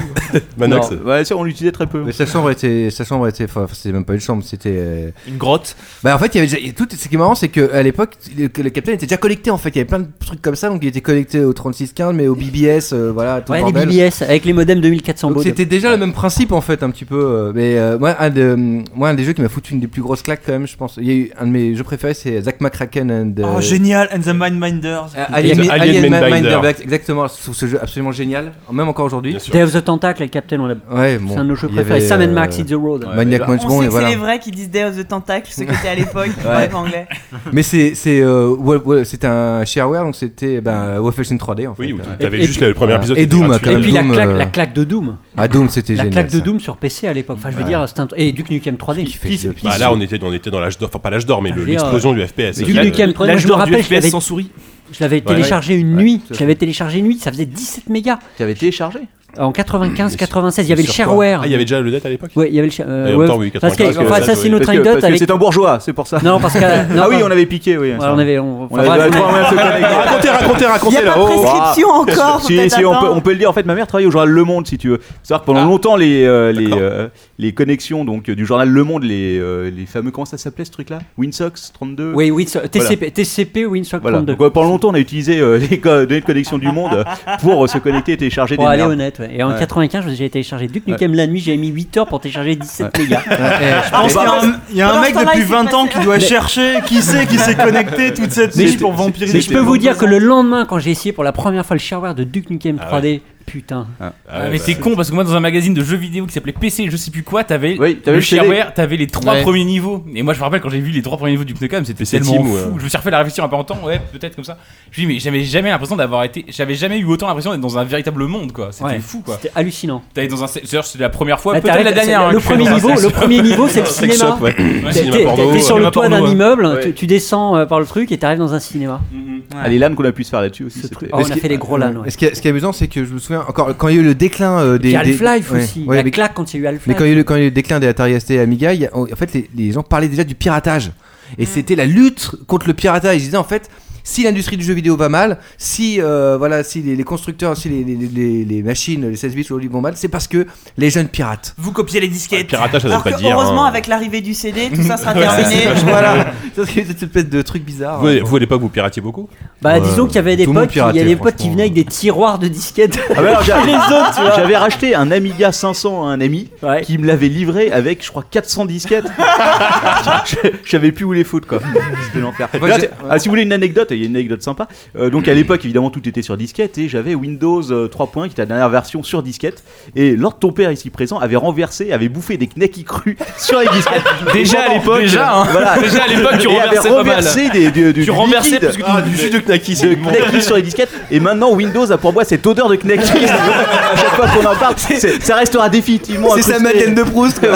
Speaker 5: Manox.
Speaker 11: Non. Ouais, ça, on l'utilisait très peu.
Speaker 5: Mais sa chambre était, sa chambre était, enfin, c'était même pas une chambre, c'était euh,
Speaker 11: Une grotte.
Speaker 5: Bah en fait, il y avait déjà, il y a tout. Ce qui est marrant, c'est que à l'époque, le, que le capitaine était déjà collecté. En fait, il y avait plein de trucs comme ça, donc il était collecté au 3615, mais au BBS, euh, voilà, tout
Speaker 4: Ouais,
Speaker 5: le
Speaker 4: les
Speaker 5: bordel.
Speaker 4: BBS avec les modems 2400
Speaker 5: Donc
Speaker 4: baud.
Speaker 5: c'était déjà le même principe en fait un petit peu euh, mais euh, moi, un de, moi un des jeux qui m'a foutu une des plus grosses claques quand même je pense il y a eu un de mes jeux préférés c'est Zack McCracken and euh,
Speaker 12: Oh, génial, and the Mindminders.
Speaker 5: euh, Alien, Alien Mind- Mindbender, exactement je trouve ce jeu absolument génial même encore aujourd'hui
Speaker 4: Day of the Tentacle, et Captain, on l'a.
Speaker 5: Ouais, bon,
Speaker 4: c'est un de nos jeux
Speaker 5: il y avait,
Speaker 4: préférés. Sam and Max,
Speaker 5: euh,
Speaker 4: It's the Road.
Speaker 5: Ouais, Maniac
Speaker 6: On
Speaker 5: Mansion,
Speaker 6: sait
Speaker 5: et
Speaker 6: que
Speaker 5: voilà.
Speaker 6: c'est les vrais qui disent Day of the Tentacle, ceux qui étaient à l'époque, qui parlaient pas anglais.
Speaker 5: Mais c'est c'est euh, ouais, ouais, c'est un shareware donc c'était ben Wolfenstein 3D en fait.
Speaker 2: Oui, où
Speaker 5: Ouais.
Speaker 2: t'avais Et- juste et- le premier épisode
Speaker 5: Et
Speaker 2: qui était
Speaker 5: Doom
Speaker 2: gratuit.
Speaker 5: quand même.
Speaker 4: Et puis la
Speaker 5: Doom,
Speaker 4: claque,
Speaker 5: euh,
Speaker 4: la claque de Doom.
Speaker 5: Ah Doom c'était génial.
Speaker 4: La claque de
Speaker 5: ça.
Speaker 4: Doom sur PC à l'époque. Enfin, je veux
Speaker 5: Ouais.
Speaker 4: dire, c'était un... et Duke Nukem 3D. Qui- qui-
Speaker 2: Bah là, on était, on était dans l'âge d'or, enfin pas l'âge d'or, mais le-
Speaker 4: Je veux dire,
Speaker 2: l'explosion
Speaker 4: euh,
Speaker 2: du FPS.
Speaker 4: Duke Nukem 3D, moi, je me rappelle, je l'avais- Je l'avais
Speaker 2: Ouais.
Speaker 4: téléchargé une nuit.
Speaker 2: tout à
Speaker 4: Je
Speaker 2: fait.
Speaker 4: l'avais téléchargé une nuit. Ça faisait 17 mégas.
Speaker 11: Tu avais téléchargé
Speaker 4: En 95, 96, il y avait le
Speaker 2: Sur quoi
Speaker 4: shareware.
Speaker 2: Ah, il y avait déjà le net à l'époque
Speaker 4: Ouais, il y avait le sha- euh,
Speaker 2: Et en
Speaker 4: ouais,
Speaker 2: même temps, oui,
Speaker 4: parce que-
Speaker 2: 95,
Speaker 4: enfin, ça,
Speaker 2: ouais.
Speaker 4: c'est une autre
Speaker 11: Parce que-
Speaker 4: anecdote
Speaker 11: parce que
Speaker 4: avec-
Speaker 11: c'est un bourgeois, c'est pour ça.
Speaker 4: Non, parce que- non,
Speaker 11: ah oui,
Speaker 4: parce-
Speaker 11: on avait piqué, oui.
Speaker 4: Ouais,
Speaker 11: ça.
Speaker 4: on avait- on-
Speaker 11: On avait-
Speaker 4: enfin,
Speaker 11: ouais,
Speaker 4: bref.
Speaker 11: ouais, c'est correct.
Speaker 2: Ah,
Speaker 4: Racontez, racontez, racontez,
Speaker 11: Y a pas
Speaker 4: là, oh.
Speaker 6: prescription
Speaker 11: Ah.
Speaker 6: encore,
Speaker 11: Si,
Speaker 6: peut-être,
Speaker 11: si, on, peut,
Speaker 6: attends.
Speaker 11: on peut le dire. En fait, ma mère travaillait au journal Le Monde, si tu veux. C'est-à-dire que pendant longtemps, les, euh, les, euh, les connexions donc, euh, du journal Le Monde, les, euh, les fameux. Comment ça s'appelait ce truc-là Winsox 32
Speaker 4: Oui, Winsock-
Speaker 11: Voilà.
Speaker 4: TCP, TCP Winsock
Speaker 11: Voilà.
Speaker 4: 32.
Speaker 11: Donc, euh, pendant longtemps, on a utilisé euh, les co- données de connexion du monde euh, pour euh, se connecter et télécharger
Speaker 4: Pour
Speaker 11: des
Speaker 4: aller
Speaker 11: merdes.
Speaker 4: honnête, ouais. Et en
Speaker 11: Ouais.
Speaker 4: 95, j'ai téléchargé Duke Nukem la nuit, j'avais mis 8 heures pour télécharger 17 mégas.
Speaker 12: Je pense qu'il y a un- il y a un mec depuis 20 ans qui doit chercher qui c'est qui s'est connecté toute cette
Speaker 4: Mais
Speaker 12: nuit
Speaker 4: je-
Speaker 12: pour vampiriser.
Speaker 4: Mais je peux vous dire que le lendemain, quand j'ai essayé pour la première fois le shareware de Duke Nukem 3D, putain.
Speaker 7: Ah,
Speaker 4: bah
Speaker 7: mais c'est con parce que moi dans un magazine de jeux vidéo qui s'appelait PC, je sais plus quoi, t'avais
Speaker 4: t'avais
Speaker 7: le
Speaker 4: le CD.
Speaker 7: shareware, t'avais les trois
Speaker 4: Ouais.
Speaker 7: premiers niveaux. Et moi je me rappelle quand j'ai vu les trois premiers niveaux du Pnecam, c'était
Speaker 2: PC
Speaker 7: tellement
Speaker 2: Team,
Speaker 7: fou.
Speaker 2: ouais.
Speaker 7: Je me suis refait la réflexion un peu en temps, ouais, peut-être comme ça. Je me dis mais j'avais jamais l'impression d'avoir été, j'avais jamais eu autant l'impression d'être dans un véritable monde quoi. C'était
Speaker 4: Ouais.
Speaker 7: fou quoi.
Speaker 4: C'était hallucinant.
Speaker 7: T'allais dans un, d'ailleurs c'était la première fois,
Speaker 4: Là,
Speaker 7: peut-être
Speaker 4: t'arrives-
Speaker 7: la dernière.
Speaker 4: c'est-
Speaker 7: hein,
Speaker 4: le,
Speaker 7: que je fais
Speaker 4: premier
Speaker 7: dans un
Speaker 4: niveau,
Speaker 7: sex
Speaker 4: le
Speaker 7: shop.
Speaker 4: premier niveau, c'est le cinéma.
Speaker 7: ouais. Ouais,
Speaker 4: T'es-
Speaker 7: cinéma
Speaker 4: t'es-
Speaker 7: porno,
Speaker 4: T'es sur le
Speaker 7: cinéma
Speaker 4: toit
Speaker 7: porno,
Speaker 4: d'un
Speaker 7: ouais.
Speaker 4: immeuble,
Speaker 7: Ouais.
Speaker 4: tu, tu descends euh, par le truc et t'arrives dans un cinéma.
Speaker 12: Mhm.
Speaker 11: Ah, les LAN qu'on a pu se faire là-dessus aussi. c'était-
Speaker 4: Oh, on a fait les gros LAN, ouais.
Speaker 5: Et Ce qui est, ce qui est amusant, c'est que je me souviens encore quand il y a eu le déclin euh,
Speaker 4: Puis
Speaker 5: des. des-
Speaker 4: Half-Life
Speaker 5: ouais,
Speaker 4: aussi.
Speaker 5: ouais,
Speaker 4: la
Speaker 5: mais-
Speaker 4: claque quand il y a eu Half-Life.
Speaker 5: Mais quand il y a eu le, quand il y a eu le déclin des Atari ST et Amiga, il y a- en fait, les, les gens parlaient déjà du piratage. Et c'était la lutte contre le piratage. Ils disaient, en fait, si l'industrie du jeu vidéo va mal, si, euh, voilà, si les, les constructeurs, si les, les- les- les machines, les 16 bits aujourd'hui vont mal, c'est parce que les jeunes pirates.
Speaker 12: Vous copiez les
Speaker 2: Ah,
Speaker 12: disquettes.
Speaker 5: piratage, ça
Speaker 6: Alors que heureusement, avec l'arrivée du CD, tout ça sera terminé.
Speaker 5: voilà, c'est cette espèce de truc bizarre. hein.
Speaker 2: Vous, vous à l'époque, vous piratiez beaucoup Euh,
Speaker 4: Bah, disons qu'il y avait des potes, qui- il y a des potes qui
Speaker 11: franchement.
Speaker 4: venaient avec des tiroirs de disquettes.
Speaker 11: Ah ouais, alors,
Speaker 4: chez les autres, tu vois.
Speaker 11: j'avais- J'avais racheté un Amiga 500 à un ami qui me l'avait livré avec, je crois, 400 disquettes. je, je savais plus où les foutre, quoi. C'était l'enfer.
Speaker 5: Moi,
Speaker 11: Là,
Speaker 5: j'ai-
Speaker 11: c'est- ah, si vous voulez une anecdote, il y a une anecdote sympa. Euh, donc à l'époque, évidemment, tout était sur disquette et j'avais Windows euh, 3.1 qui était la dernière version sur disquette. Et Lord ton père ici présent avait renversé, avait bouffé des knackis crus sur les disquettes.
Speaker 7: Déjà à l'époque,
Speaker 11: Déjà, hein.
Speaker 7: Voilà. Déjà à l'époque, tu
Speaker 11: Et avait
Speaker 7: renversais pas mal.
Speaker 11: renversé des- du- du
Speaker 7: Tu renversais
Speaker 11: liquide.
Speaker 7: parce que tu-
Speaker 11: Ah, du jus de knackis, de
Speaker 7: bon.
Speaker 11: knackis sur les disquettes. Et maintenant, Windows a pour moi cette odeur de knackis. à chaque fois qu'on en parle, c'est- ça restera définitivement.
Speaker 5: C'est sa Madeleine de Proust. quoi.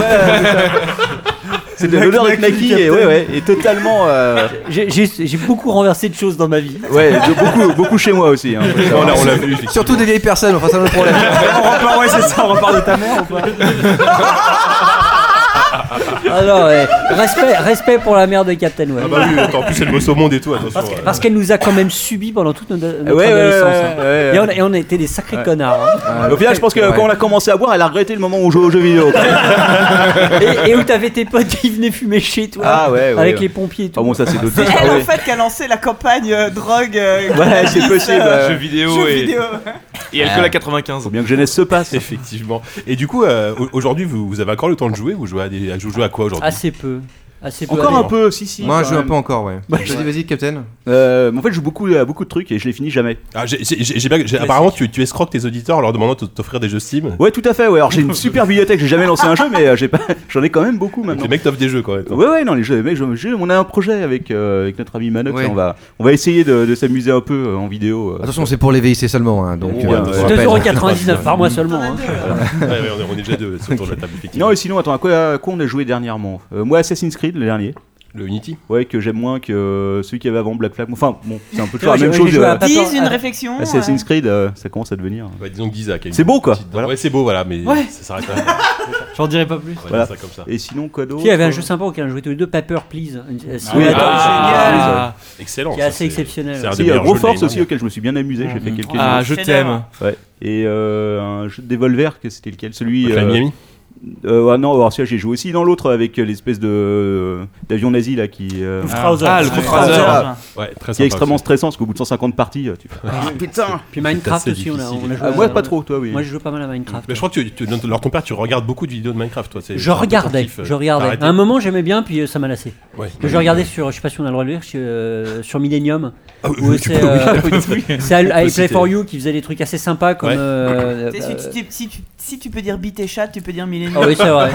Speaker 11: C'est de l'odeur de knackis et ouais, ouais, et totalement. euh,
Speaker 4: J'ai j'ai- j'ai beaucoup renversé de choses dans ma vie.
Speaker 11: Ouais, de beaucoup, beaucoup chez moi aussi. hein.
Speaker 2: On l'a- on l'a vu,
Speaker 5: Surtout des vieilles personnes, enfin, c'est un autre problème.
Speaker 12: On repart, ouais, c'est ça, on repart de ta mère ou pas
Speaker 4: Alors, Ah ouais. respect, respect pour la mère de Captain Web.
Speaker 2: Ah bah oui, attends, en plus, c'est le boss au monde et tout, attention.
Speaker 4: Parce, que-
Speaker 2: ouais.
Speaker 4: parce qu'elle nous a quand même subi pendant toute notre, notre
Speaker 11: Ouais, ouais,
Speaker 4: adolescence.
Speaker 11: ouais,
Speaker 4: hein.
Speaker 11: ouais, ouais.
Speaker 4: Et, on, a- et on a été des sacrés connards. hein.
Speaker 11: Au final, je pense que quand on a commencé à boire, elle a regretté le moment où on jouait aux jeux vidéo. quoi.
Speaker 4: et, et où t'avais tes potes qui venaient fumer chez toi
Speaker 11: Ah ouais, ouais,
Speaker 4: avec
Speaker 11: ouais.
Speaker 4: les pompiers et tout.
Speaker 11: Ah bon, ça, c'est d'autres
Speaker 6: C'est
Speaker 11: histoires,
Speaker 6: elle en
Speaker 11: ouais.
Speaker 6: fait qui a lancé la campagne euh, drogue. euh,
Speaker 11: Ouais, c'est
Speaker 6: cannabis,
Speaker 11: possible,
Speaker 6: euh,
Speaker 11: ouais.
Speaker 6: jeux vidéo
Speaker 11: et-
Speaker 6: et
Speaker 11: alcool à
Speaker 2: 95.
Speaker 11: Faut bien que jeunesse se passe.
Speaker 4: Ah,
Speaker 2: Effectivement. Et du coup, euh, au- aujourd'hui, vous, vous avez encore le temps de jouer Vous jouez à, des, à- vous jouez à quoi aujourd'hui
Speaker 4: Assez peu. Assez peu, Bah,
Speaker 11: Encore
Speaker 4: allez.
Speaker 11: un peu, si, si.
Speaker 5: Moi,
Speaker 11: quand
Speaker 5: je joue un
Speaker 11: même.
Speaker 5: peu encore, ouais.
Speaker 11: Ouais.
Speaker 5: Vas-y, vas-y, Captain.
Speaker 11: Euh, mais en fait, je joue beaucoup, à beaucoup de trucs et je les finis jamais.
Speaker 2: Ah, j'ai- j'ai- j'ai- j'ai bien- j'ai- apparemment, tu, tu escroques tes auditeurs en leur demandant de t'offrir des jeux Steam.
Speaker 11: Ouais, tout à fait. Ouais, alors j'ai une super bibliothèque. J'ai jamais lancé un jeu, mais euh, j'ai pas, j'en ai quand même beaucoup maintenant.
Speaker 2: Les mecs t'offrent des jeux quand même.
Speaker 11: Ouais, ouais, non, les jeux, les mecs, je- je- on a un projet avec, euh, avec notre ami Manox.
Speaker 5: Ouais.
Speaker 11: On va, on va essayer de, de s'amuser un peu euh, en vidéo. euh.
Speaker 5: Attention, c'est pour les VIC seulement, hein, donc.
Speaker 11: Bon,
Speaker 5: euh,
Speaker 11: ouais,
Speaker 5: on
Speaker 11: ouais.
Speaker 5: rappelle.
Speaker 4: 2,99 par mois seulement, hein.
Speaker 2: Ouais, ouais, on est- on est déjà deux sur le tour de la table, effectivement.
Speaker 11: Non, et sinon, attends, à quoi, à quoi on a joué dernièrement Euh, Moi, Assassin's Creed, le dernier.
Speaker 2: Le Unity
Speaker 11: Ouais, que j'aime moins que euh, celui qu'il y avait avant Black Flag. Enfin, bon, c'est un peu toujours
Speaker 6: Ouais,
Speaker 11: la même
Speaker 6: j'ai-
Speaker 11: chose.
Speaker 6: j'ai joué à
Speaker 11: euh,
Speaker 6: Pator- Dise une à- réflexion,
Speaker 11: Assassin's Creed, euh, ça commence à devenir.
Speaker 2: Bah, disons que Giza, qui a une
Speaker 11: C'est beau, quoi.
Speaker 2: petite- Ouais, c'est beau, voilà, mais
Speaker 11: Ouais.
Speaker 2: ça s'arrête là.
Speaker 4: J'en dirais pas plus.
Speaker 2: On va
Speaker 11: Voilà.
Speaker 2: dire ça comme ça.
Speaker 11: Et sinon, quoi d'autre
Speaker 4: Il y avait un jeu sympa auquel on jouait tous les deux, Paper Please. Une- euh,
Speaker 11: Ah Oui,
Speaker 4: simulateur.
Speaker 11: ah,
Speaker 4: Génial.
Speaker 2: Excellent,
Speaker 4: Qui est
Speaker 2: ça,
Speaker 4: assez
Speaker 2: c'est-
Speaker 4: exceptionnel. Mhm.
Speaker 2: c'est un
Speaker 11: Si,
Speaker 2: des
Speaker 11: euh,
Speaker 2: meilleurs
Speaker 11: Gros
Speaker 2: jeux de
Speaker 11: Force
Speaker 2: l'année
Speaker 11: aussi, auquel je me suis bien amusé. J'ai fait quelques
Speaker 10: Ah, je t'aime.
Speaker 11: Ouais. Et euh, un jeu de Devolver, que c'était lequel Celui.
Speaker 2: Hotline Miami
Speaker 11: euh, ah non, alors celui-là j'ai joué aussi dans l'autre avec euh, l'espèce de euh, d'avion nazi là qui. euh,
Speaker 2: Lufthansa. Ah, le Lufthansa.
Speaker 11: Lufthansa.
Speaker 2: Ouais, très
Speaker 11: Qui
Speaker 2: sympa
Speaker 11: est extrêmement
Speaker 2: aussi.
Speaker 11: stressant parce qu'au bout de 150 parties, euh, tu fais.
Speaker 4: Ah, putain Puis Minecraft aussi, Bah, on a, on a joué.
Speaker 11: Ah,
Speaker 4: à-
Speaker 11: moi pas trop, toi oui.
Speaker 4: Moi, je joue pas mal à Minecraft.
Speaker 2: Mais je crois que tu, tu- leur ton père, tu regardes beaucoup de vidéos de Minecraft, toi. c'est- c'est
Speaker 4: Je
Speaker 2: un peu
Speaker 4: regardais,
Speaker 2: ton kiff, euh,
Speaker 4: je regardais.
Speaker 2: d'arrêter.
Speaker 4: À un moment, j'aimais bien, puis euh, ça m'a lassé.
Speaker 2: Ouais.
Speaker 4: Que je regardais sur, je sais pas si on a le droit de le dire, sur, euh, sur Millennium.
Speaker 2: Ah oui,
Speaker 4: où
Speaker 2: oui, tu
Speaker 4: c'est
Speaker 2: peux,
Speaker 4: euh,
Speaker 2: oui. Oui.
Speaker 4: c'est
Speaker 2: On peut
Speaker 4: à- à I Play
Speaker 2: citer.
Speaker 4: for You qui faisait des trucs assez sympas comme.
Speaker 2: Ouais.
Speaker 4: euh,
Speaker 6: Tu sais,
Speaker 4: euh,
Speaker 6: Si, tu, si, tu, si tu peux dire bite et chat, tu peux dire
Speaker 4: Ah
Speaker 6: millénaire.
Speaker 4: oui, c'est vrai.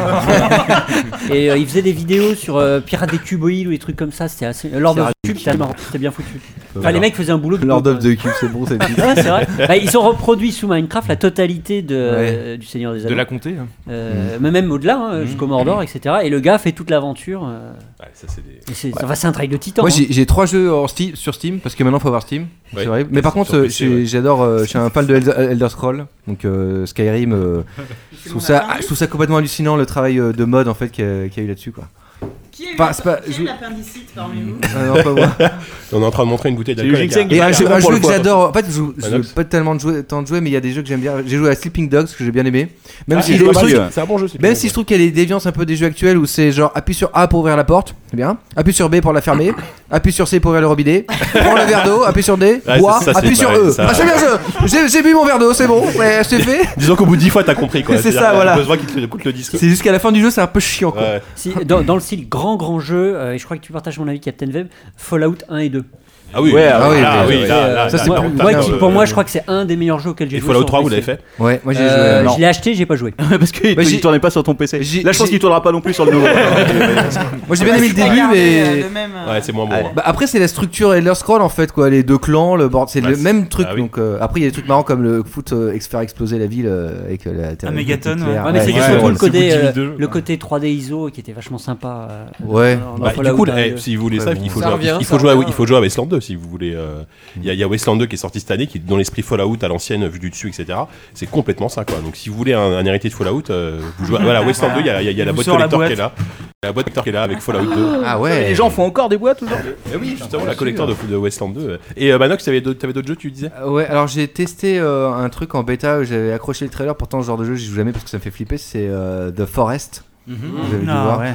Speaker 4: et euh, il faisait des vidéos sur euh, Pirates des Cuboïdes ou des trucs comme ça. C'était assez. Lord of the Cube, c'était marrant, c'était bien foutu. Enfin, les mecs faisaient un boulot de.
Speaker 5: Euh, Lord
Speaker 4: pote,
Speaker 5: of the Cube, c'est bon, c'est
Speaker 4: ouais, c'est vrai. Bah, ils ont reproduit sous Minecraft la totalité de,
Speaker 5: Ouais. Mm.
Speaker 4: euh, du Seigneur des
Speaker 10: De
Speaker 4: Anneaux.
Speaker 10: la comté, hein.
Speaker 4: Euh, Mais même au-delà, hein, jusqu'au Mordor, etc. Et le gars fait toute l'aventure. euh. Et c'est enfin, c'est un travail de titan.
Speaker 5: Moi,
Speaker 4: hein.
Speaker 5: j'ai j'ai trois jeux en Steam- sur Steam parce que maintenant faut avoir Steam.
Speaker 4: Ouais.
Speaker 5: C'est vrai. Mais par
Speaker 4: Sur
Speaker 5: contre, euh,
Speaker 4: PC,
Speaker 5: j'ai-
Speaker 4: ouais.
Speaker 5: j'adore. euh, je suis un fan de Elder, Elder Scroll, donc euh, Skyrim. euh, je, trouve ça, ah, je trouve ça complètement hallucinant le travail euh, de mode en fait qu'il y a, qu'il y a eu là-dessus quoi.
Speaker 6: Qui est
Speaker 5: Pas- c'est pas-
Speaker 6: qui
Speaker 5: je-
Speaker 6: est l'appendicite parmi vous
Speaker 5: Ah non, pas moi.
Speaker 2: On est en train de montrer une bouteille d'alcool. avec
Speaker 5: Et un jeu, un jeu que
Speaker 2: coup,
Speaker 5: j'adore. En fait, je joue je
Speaker 2: Manox.
Speaker 5: joue pas tellement de jouer, tant de jouer, mais il y a des jeux que j'aime bien. J'ai joué à Sleeping Dogs que j'ai bien aimé. Même
Speaker 2: Ah,
Speaker 5: si
Speaker 2: c'est
Speaker 5: le
Speaker 2: pas
Speaker 5: truc-
Speaker 2: mal, c'est un bon jeu, Sleeping
Speaker 5: Même
Speaker 2: Dogs,
Speaker 5: si je trouve qu'il y a des déviances un peu des jeux actuels où c'est genre appuie sur A pour ouvrir la porte, c'est bien. Appuie sur B pour la fermer. appuie sur C pour ouvrir le robinet. Prends le verre d'eau. Appuie sur D.
Speaker 2: Ouais,
Speaker 5: bois.
Speaker 2: ça, ça, c'est
Speaker 5: appuie sur
Speaker 2: pareil,
Speaker 5: E.
Speaker 2: ça.
Speaker 5: Ah, c'est bien je- J'ai j'ai bu mon verre d'eau. C'est bon. Ouais, c'est fait.
Speaker 2: Disons qu'au bout de 10 fois, t'as compris quoi.
Speaker 5: C'est
Speaker 2: C'est-à-dire
Speaker 5: ça,
Speaker 2: que
Speaker 5: voilà.
Speaker 2: le besoin qu'il te coûte le disque.
Speaker 5: C'est jusqu'à la fin du jeu, c'est un peu chiant quoi.
Speaker 4: Si, dans, dans le style grand grand jeu, euh, et je crois que tu partages mon avis, Captain Web, Fallout 1 et 2.
Speaker 2: Ah oui,
Speaker 5: Ouais, ah oui,
Speaker 2: ah
Speaker 5: oui,
Speaker 2: oui,
Speaker 5: oui.
Speaker 2: là, là,
Speaker 5: Ça,
Speaker 2: là,
Speaker 5: c'est
Speaker 2: là,
Speaker 5: pas-
Speaker 2: là,
Speaker 5: ouais,
Speaker 2: là,
Speaker 5: qui,
Speaker 2: là,
Speaker 4: Pour
Speaker 2: là,
Speaker 4: moi,
Speaker 2: là.
Speaker 4: je crois que c'est un des meilleurs jeux auxquels j'ai
Speaker 2: Et
Speaker 4: joué.
Speaker 2: Fallout
Speaker 4: sur
Speaker 2: 3, vous
Speaker 4: PC.
Speaker 2: l'avez fait
Speaker 5: Ouais, moi, j'ai
Speaker 4: Euh,
Speaker 5: joué, non.
Speaker 4: Je l'ai acheté, j'ai pas joué.
Speaker 11: Parce qu'il
Speaker 5: Bah,
Speaker 11: ne
Speaker 5: j'ai-
Speaker 11: tournait pas sur ton PC.
Speaker 5: j'ai-
Speaker 11: Là, je pense
Speaker 5: j'ai-
Speaker 11: qu'il tournera pas non plus sur le nouveau.
Speaker 5: Moi j'ai bien aimé le
Speaker 6: pas
Speaker 5: début,
Speaker 6: gardé,
Speaker 5: mais.
Speaker 6: euh, le même, euh,
Speaker 2: Ouais, c'est moins bon. hein.
Speaker 5: Bah, après c'est la structure Elder Scroll en fait quoi les deux clans le bord c'est
Speaker 2: Ouais,
Speaker 5: le
Speaker 2: c'est-
Speaker 5: même truc
Speaker 2: ah oui.
Speaker 5: donc euh, après il y a des trucs marrants comme le foot euh, ex- faire exploser la ville euh, avec euh, la terre
Speaker 12: Un Megaton,
Speaker 5: nucléaire.
Speaker 12: ouais.
Speaker 4: Ouais, mais c'est
Speaker 5: ouais,
Speaker 4: surtout
Speaker 5: ouais,
Speaker 4: le,
Speaker 5: c'est
Speaker 4: côté,
Speaker 5: le
Speaker 4: euh,
Speaker 5: début du jeu.
Speaker 4: le côté 3D ISO qui était vachement sympa. euh,
Speaker 5: Ouais.
Speaker 4: dans- dans
Speaker 2: Bah, du
Speaker 4: Fallout
Speaker 2: coup,
Speaker 4: 1 et
Speaker 2: eh,
Speaker 4: 2.
Speaker 2: si vous voulez
Speaker 4: Ouais,
Speaker 2: ça,
Speaker 4: bon.
Speaker 2: il faut,
Speaker 4: Ça
Speaker 2: jouer, à-
Speaker 4: revient,
Speaker 2: il,
Speaker 4: ça
Speaker 2: faut jouer à,
Speaker 4: revient.
Speaker 2: il faut jouer à Wasteland 2 si vous voulez. euh, Il y, a- il y a Wasteland 2 qui est sorti cette année, qui dans l'esprit Fallout à l'ancienne, vue du dessus, etc. C'est complètement ça, quoi. Donc si vous voulez un, un héritier de Fallout, euh, vous jouez. à- Voilà, Wasteland 2, il y a, il y a- il y a la
Speaker 11: Vous
Speaker 2: boîte
Speaker 11: sort la
Speaker 2: collector
Speaker 11: boîte.
Speaker 2: qui est là. Il y a La boîte collector qui est là avec Fallout 2.
Speaker 5: Ah ouais.
Speaker 11: Les gens font encore des boîtes aujourd'hui
Speaker 2: Eh oui, justement, la collector de, de Wasteland 2. Et euh, Manox, t'avais d'autres t'avais d'autres jeux, tu disais
Speaker 5: Euh, ouais alors j'ai testé euh, un truc en bêta où j'avais accroché le trailer pourtant ce genre de jeu j'y joue jamais parce que ça me fait flipper c'est euh, The Forest
Speaker 10: Mhm.
Speaker 5: Vous avez dû
Speaker 10: Ah,
Speaker 5: voir.
Speaker 10: ouais.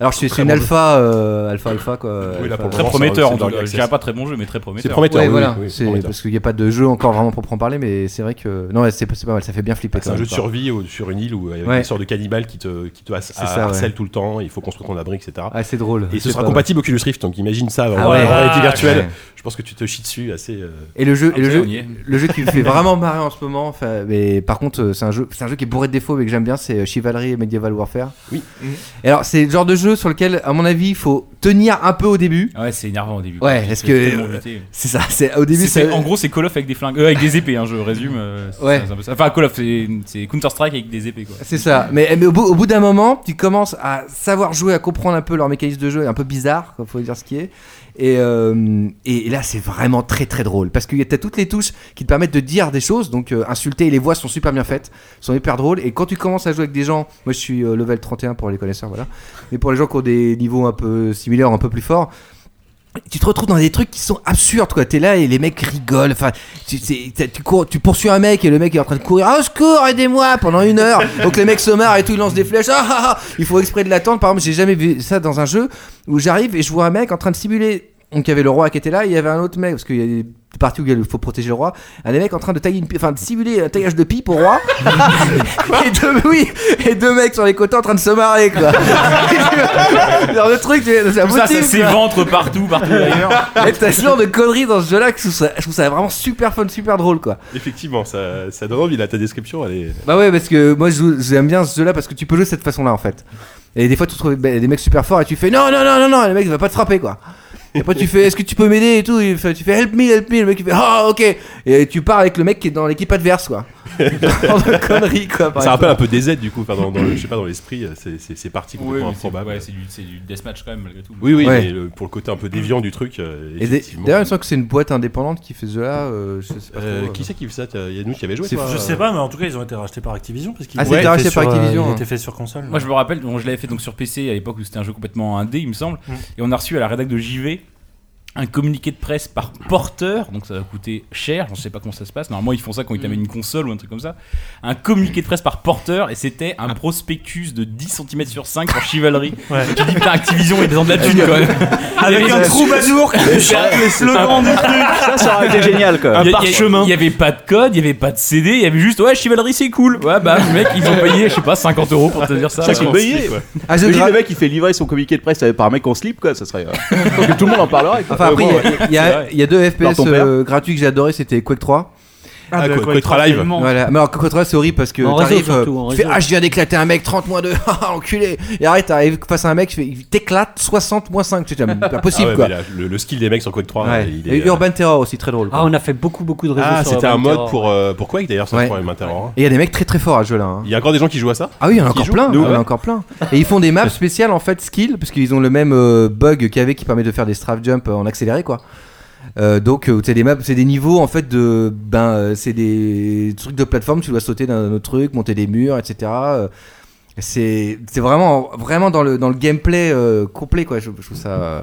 Speaker 5: alors je suis
Speaker 10: Très
Speaker 5: c'est une
Speaker 10: bon
Speaker 5: alpha euh, alpha alpha quoi
Speaker 2: Oui, là,
Speaker 5: alpha-
Speaker 2: pour le
Speaker 7: Très
Speaker 2: moment,
Speaker 7: prometteur,
Speaker 2: c'est
Speaker 7: en
Speaker 2: dans
Speaker 7: tout cas.
Speaker 2: l'access.
Speaker 7: Je dirais pas très bon jeu, mais très prometteur.
Speaker 2: C'est prometteur,
Speaker 5: Ouais,
Speaker 2: oui,
Speaker 5: voilà,
Speaker 2: oui, oui, c'est
Speaker 5: c'est
Speaker 2: prometteur.
Speaker 5: parce qu'il n'y a pas de jeu encore vraiment pour en parler, mais c'est vrai que non, ouais, c'est Ah, c'est pas mal, ça fait bien flipper.
Speaker 2: Ah, C'est
Speaker 5: quand
Speaker 2: un
Speaker 5: même,
Speaker 2: jeu de
Speaker 5: quoi.
Speaker 2: survie au- sur une île où il y a
Speaker 5: Ouais.
Speaker 2: une sorte de cannibale qui te, qui te has-
Speaker 5: C'est ça,
Speaker 2: harcèle
Speaker 5: ouais.
Speaker 2: tout le temps, il faut construire ton abri, etc.
Speaker 5: Ah, c'est drôle.
Speaker 2: Et ce
Speaker 5: C'est
Speaker 2: sera
Speaker 5: pas
Speaker 2: compatible Oculus Rift, donc imagine ça
Speaker 5: Ah
Speaker 2: en
Speaker 5: ouais.
Speaker 2: en Euh, réalité
Speaker 5: Ah,
Speaker 2: virtuelle.
Speaker 5: ouais.
Speaker 2: Je pense que tu te chies dessus assez. euh,
Speaker 5: Et le jeu, et le
Speaker 2: Ah,
Speaker 5: jeu,
Speaker 2: on y est.
Speaker 5: le jeu qui me fait vraiment marrer en ce moment. enfin, Mais par contre, euh, c'est un jeu, c'est un jeu qui est bourré de défauts, mais que j'aime bien. C'est euh, Chivalry et Medieval Warfare.
Speaker 2: Oui.
Speaker 5: Et alors, c'est le genre de jeu sur lequel, à mon avis, il faut tenir un peu au début.
Speaker 7: Ouais, c'est énervant au début.
Speaker 5: Ouais,
Speaker 7: Parce
Speaker 5: est-ce
Speaker 7: que
Speaker 5: que
Speaker 7: c'est tellement
Speaker 5: euh,
Speaker 7: buté.
Speaker 5: c'est ça C'est au début,
Speaker 7: C'est-
Speaker 5: ça-
Speaker 7: En gros, c'est Call of avec des flingues. euh, avec des épées, hein, je résume. euh, c'est-
Speaker 5: Ouais.
Speaker 7: c'est un peu ça. Enfin, Call of, c'est c'est Counter-Strike avec des épées, quoi.
Speaker 5: C'est ça. Mais, mais au bout, au bout d'un moment, tu commences à savoir jouer, à comprendre un peu leur mécanisme de jeu, un peu bizarre, quoi, faut dire ce qui est. Et, euh, et et là, c'est vraiment très très drôle parce que t'as toutes les touches qui te permettent de dire des choses, donc euh, insulter. Et les voix sont super bien faites, sont hyper drôles. Et quand tu commences à jouer avec des gens, moi je suis euh, level 31 pour les connaisseurs, voilà. Mais pour les gens qui ont des niveaux un peu similaires, un peu plus forts, tu te retrouves dans des trucs qui sont absurdes quoi t'es là et les mecs rigolent enfin tu, c'est- t'as- tu, cours- tu poursuis un mec et le mec est en train de courir ah au secours aidez-moi pendant une heure donc les mecs se marrent et tout ils lancent des flèches ah, ah, ah. il faut exprès de l'attendre par exemple j'ai jamais vu ça dans un jeu où j'arrive et je vois un mec en train de simuler donc il y avait le roi qui était là et il y avait un autre mec parce qu'il y a des partie où il faut protéger le roi. Un des mecs en train de tailler une, pi- enfin de simuler un taillage de pipe au roi. et deux, oui, et deux mecs sur les côtés en train de se marrer quoi. Genre le truc, tu- ça
Speaker 7: Tout ça,
Speaker 5: motive,
Speaker 7: ça
Speaker 5: quoi.
Speaker 7: s'éventre partout, partout d'ailleurs.
Speaker 5: Et t'as ce genre de conneries dans ce jeu-là que je trouve ça, je trouve ça vraiment super fun, super drôle quoi.
Speaker 2: Effectivement, ça, ça donne envie, là, ta description, elle est.
Speaker 5: Bah ouais, parce que moi je joue- j'aime bien ce jeu-là parce que tu peux jouer de cette façon-là en fait. Et des fois tu trouves bah, des des mecs super forts et tu fais non, non, non, non, non, et le mec il va pas te frapper quoi. Et après tu fais est-ce que tu peux m'aider et tout, il fait- tu fais help me, help me, le mec il fait ah ok. Et tu pars avec le mec qui est dans l'équipe adverse quoi. Genre de conneries quoi. par
Speaker 2: Ça rappelle
Speaker 5: exemple.
Speaker 2: un peu des aides du coup, enfin, dans, dans le- je sais pas, dans l'esprit, euh, c'est- c'est c'est parti
Speaker 7: Oui,
Speaker 2: complètement
Speaker 7: mais c'est
Speaker 2: improbable.
Speaker 7: ouais, c'est du, c'est du deathmatch quand même, malgré tout.
Speaker 2: Oui, oui,
Speaker 5: Ouais.
Speaker 2: mais le- pour le côté un peu déviant du truc, euh,
Speaker 5: Et des-
Speaker 2: effectivement.
Speaker 5: D'ailleurs, il me semble que c'est une boîte indépendante qui fait ce jeu-là. euh, je sais pas
Speaker 2: Euh,
Speaker 5: trop,
Speaker 2: qui
Speaker 5: euh.
Speaker 2: c'est qui fait ça T'as- Il y a nous qui avait joué.
Speaker 5: C'est-
Speaker 2: toi,
Speaker 5: je
Speaker 2: euh,
Speaker 8: sais pas, mais en tout cas, ils ont été rachetés par Activision. Parce qu'ils
Speaker 5: Ah,
Speaker 8: ont
Speaker 5: c'était
Speaker 8: été
Speaker 5: racheté
Speaker 8: sur,
Speaker 5: par
Speaker 8: euh,
Speaker 5: Activision,
Speaker 8: ils ont
Speaker 5: hein.
Speaker 8: été faits sur console.
Speaker 7: Moi, je me rappelle, bon, je l'avais fait donc sur PC à l'époque où c'était un jeu complètement indé, il me semble.
Speaker 8: Mm.
Speaker 7: Et on a reçu à la rédac de JV un communiqué de presse par porteur, donc ça va coûter cher, je ne sais pas comment ça se passe. Normalement, ils font ça
Speaker 8: Mm.
Speaker 7: quand ils t'amènent une console ou un truc comme ça. Un communiqué de presse par porteur, et c'était un prospectus de 10 cm sur 5 pour Chivalry.
Speaker 8: Ah. Ouais.
Speaker 7: J'ai dit, putain, Activision, ils ont de la thune quand même.
Speaker 12: Avec
Speaker 7: Il y
Speaker 12: un
Speaker 7: avait-
Speaker 12: troubadour qui chante les slogans du truc. Ça, ça aurait été génial, quand même.
Speaker 7: Il y a-
Speaker 12: Un parchemin.
Speaker 7: Il y avait pas de code, il y avait pas de CD, il y avait juste ouais, Chivalry c'est cool. Ouais, bah, le mec, ils ont payé, je sais pas, 50 euros pour te dire ça.
Speaker 11: Ça, c'est payé.
Speaker 5: Ah, c'est
Speaker 11: Imagine
Speaker 5: grave.
Speaker 11: le mec, il fait livrer son communiqué de presse euh, par un mec en slip, quoi. Ça serait. euh, que tout le monde en parlerait. quoi.
Speaker 5: Enfin, après,
Speaker 11: Euh,
Speaker 5: il
Speaker 11: bon,
Speaker 5: y a-
Speaker 11: ouais.
Speaker 5: il y, a-
Speaker 11: C'est vrai.
Speaker 5: il y a deux
Speaker 11: Par
Speaker 5: FPS
Speaker 11: ton père.
Speaker 5: euh, gratuits que j'ai adoré, c'était Quake 3.
Speaker 11: Ah, Ah, Quake- Quake Quake 3 Live. tellement.
Speaker 5: Voilà. Mais alors, Quake 3, c'est horrible parce que
Speaker 11: En
Speaker 5: t'arrives,
Speaker 11: réseau,
Speaker 5: euh,
Speaker 11: surtout, en
Speaker 5: tu fais
Speaker 11: réseau.
Speaker 5: Ah, je viens d'éclater un mec, 30 moins 2, ah, enculé. Et arrête, t'arrives face à un mec, tu fais, il t'éclate 60 moins 5. C'est impossible
Speaker 2: Ah ouais,
Speaker 5: quoi.
Speaker 2: mais la- le, le skill des mecs sur Quake 3,
Speaker 5: Ouais.
Speaker 2: il
Speaker 5: Et
Speaker 2: est. euh,
Speaker 5: Urban Terror aussi, très drôle.
Speaker 4: Ah, on a fait beaucoup, beaucoup de réseaux
Speaker 2: Ah,
Speaker 4: sur
Speaker 2: c'était un
Speaker 4: Urban
Speaker 2: mode
Speaker 4: Terror.
Speaker 2: pour, euh, pour Quake d'ailleurs, ça,
Speaker 5: Ouais.
Speaker 2: je crois, Urban Terror. hein.
Speaker 5: Et il y a des mecs très très forts à ce jeu-là. hein.
Speaker 2: Il y a encore des gens qui jouent à ça
Speaker 5: Ah oui, il y en a
Speaker 2: Qui
Speaker 5: encore
Speaker 2: jouent
Speaker 5: plein, il y
Speaker 2: Nous,
Speaker 5: en
Speaker 2: ouais.
Speaker 5: a encore plein. Et ils font des maps spéciales en fait skill, parce qu'ils ont le même euh, bug qu'il y avait qui permet de faire des strafe jump euh, en accéléré quoi. Euh, donc euh, c'est des maps, c'est des niveaux en fait de ben euh, c'est des trucs de plateforme, tu dois sauter d'un autre truc, monter des murs, etc. Euh, c'est c'est vraiment vraiment dans le dans le gameplay euh, complet quoi. Je, je trouve ça euh,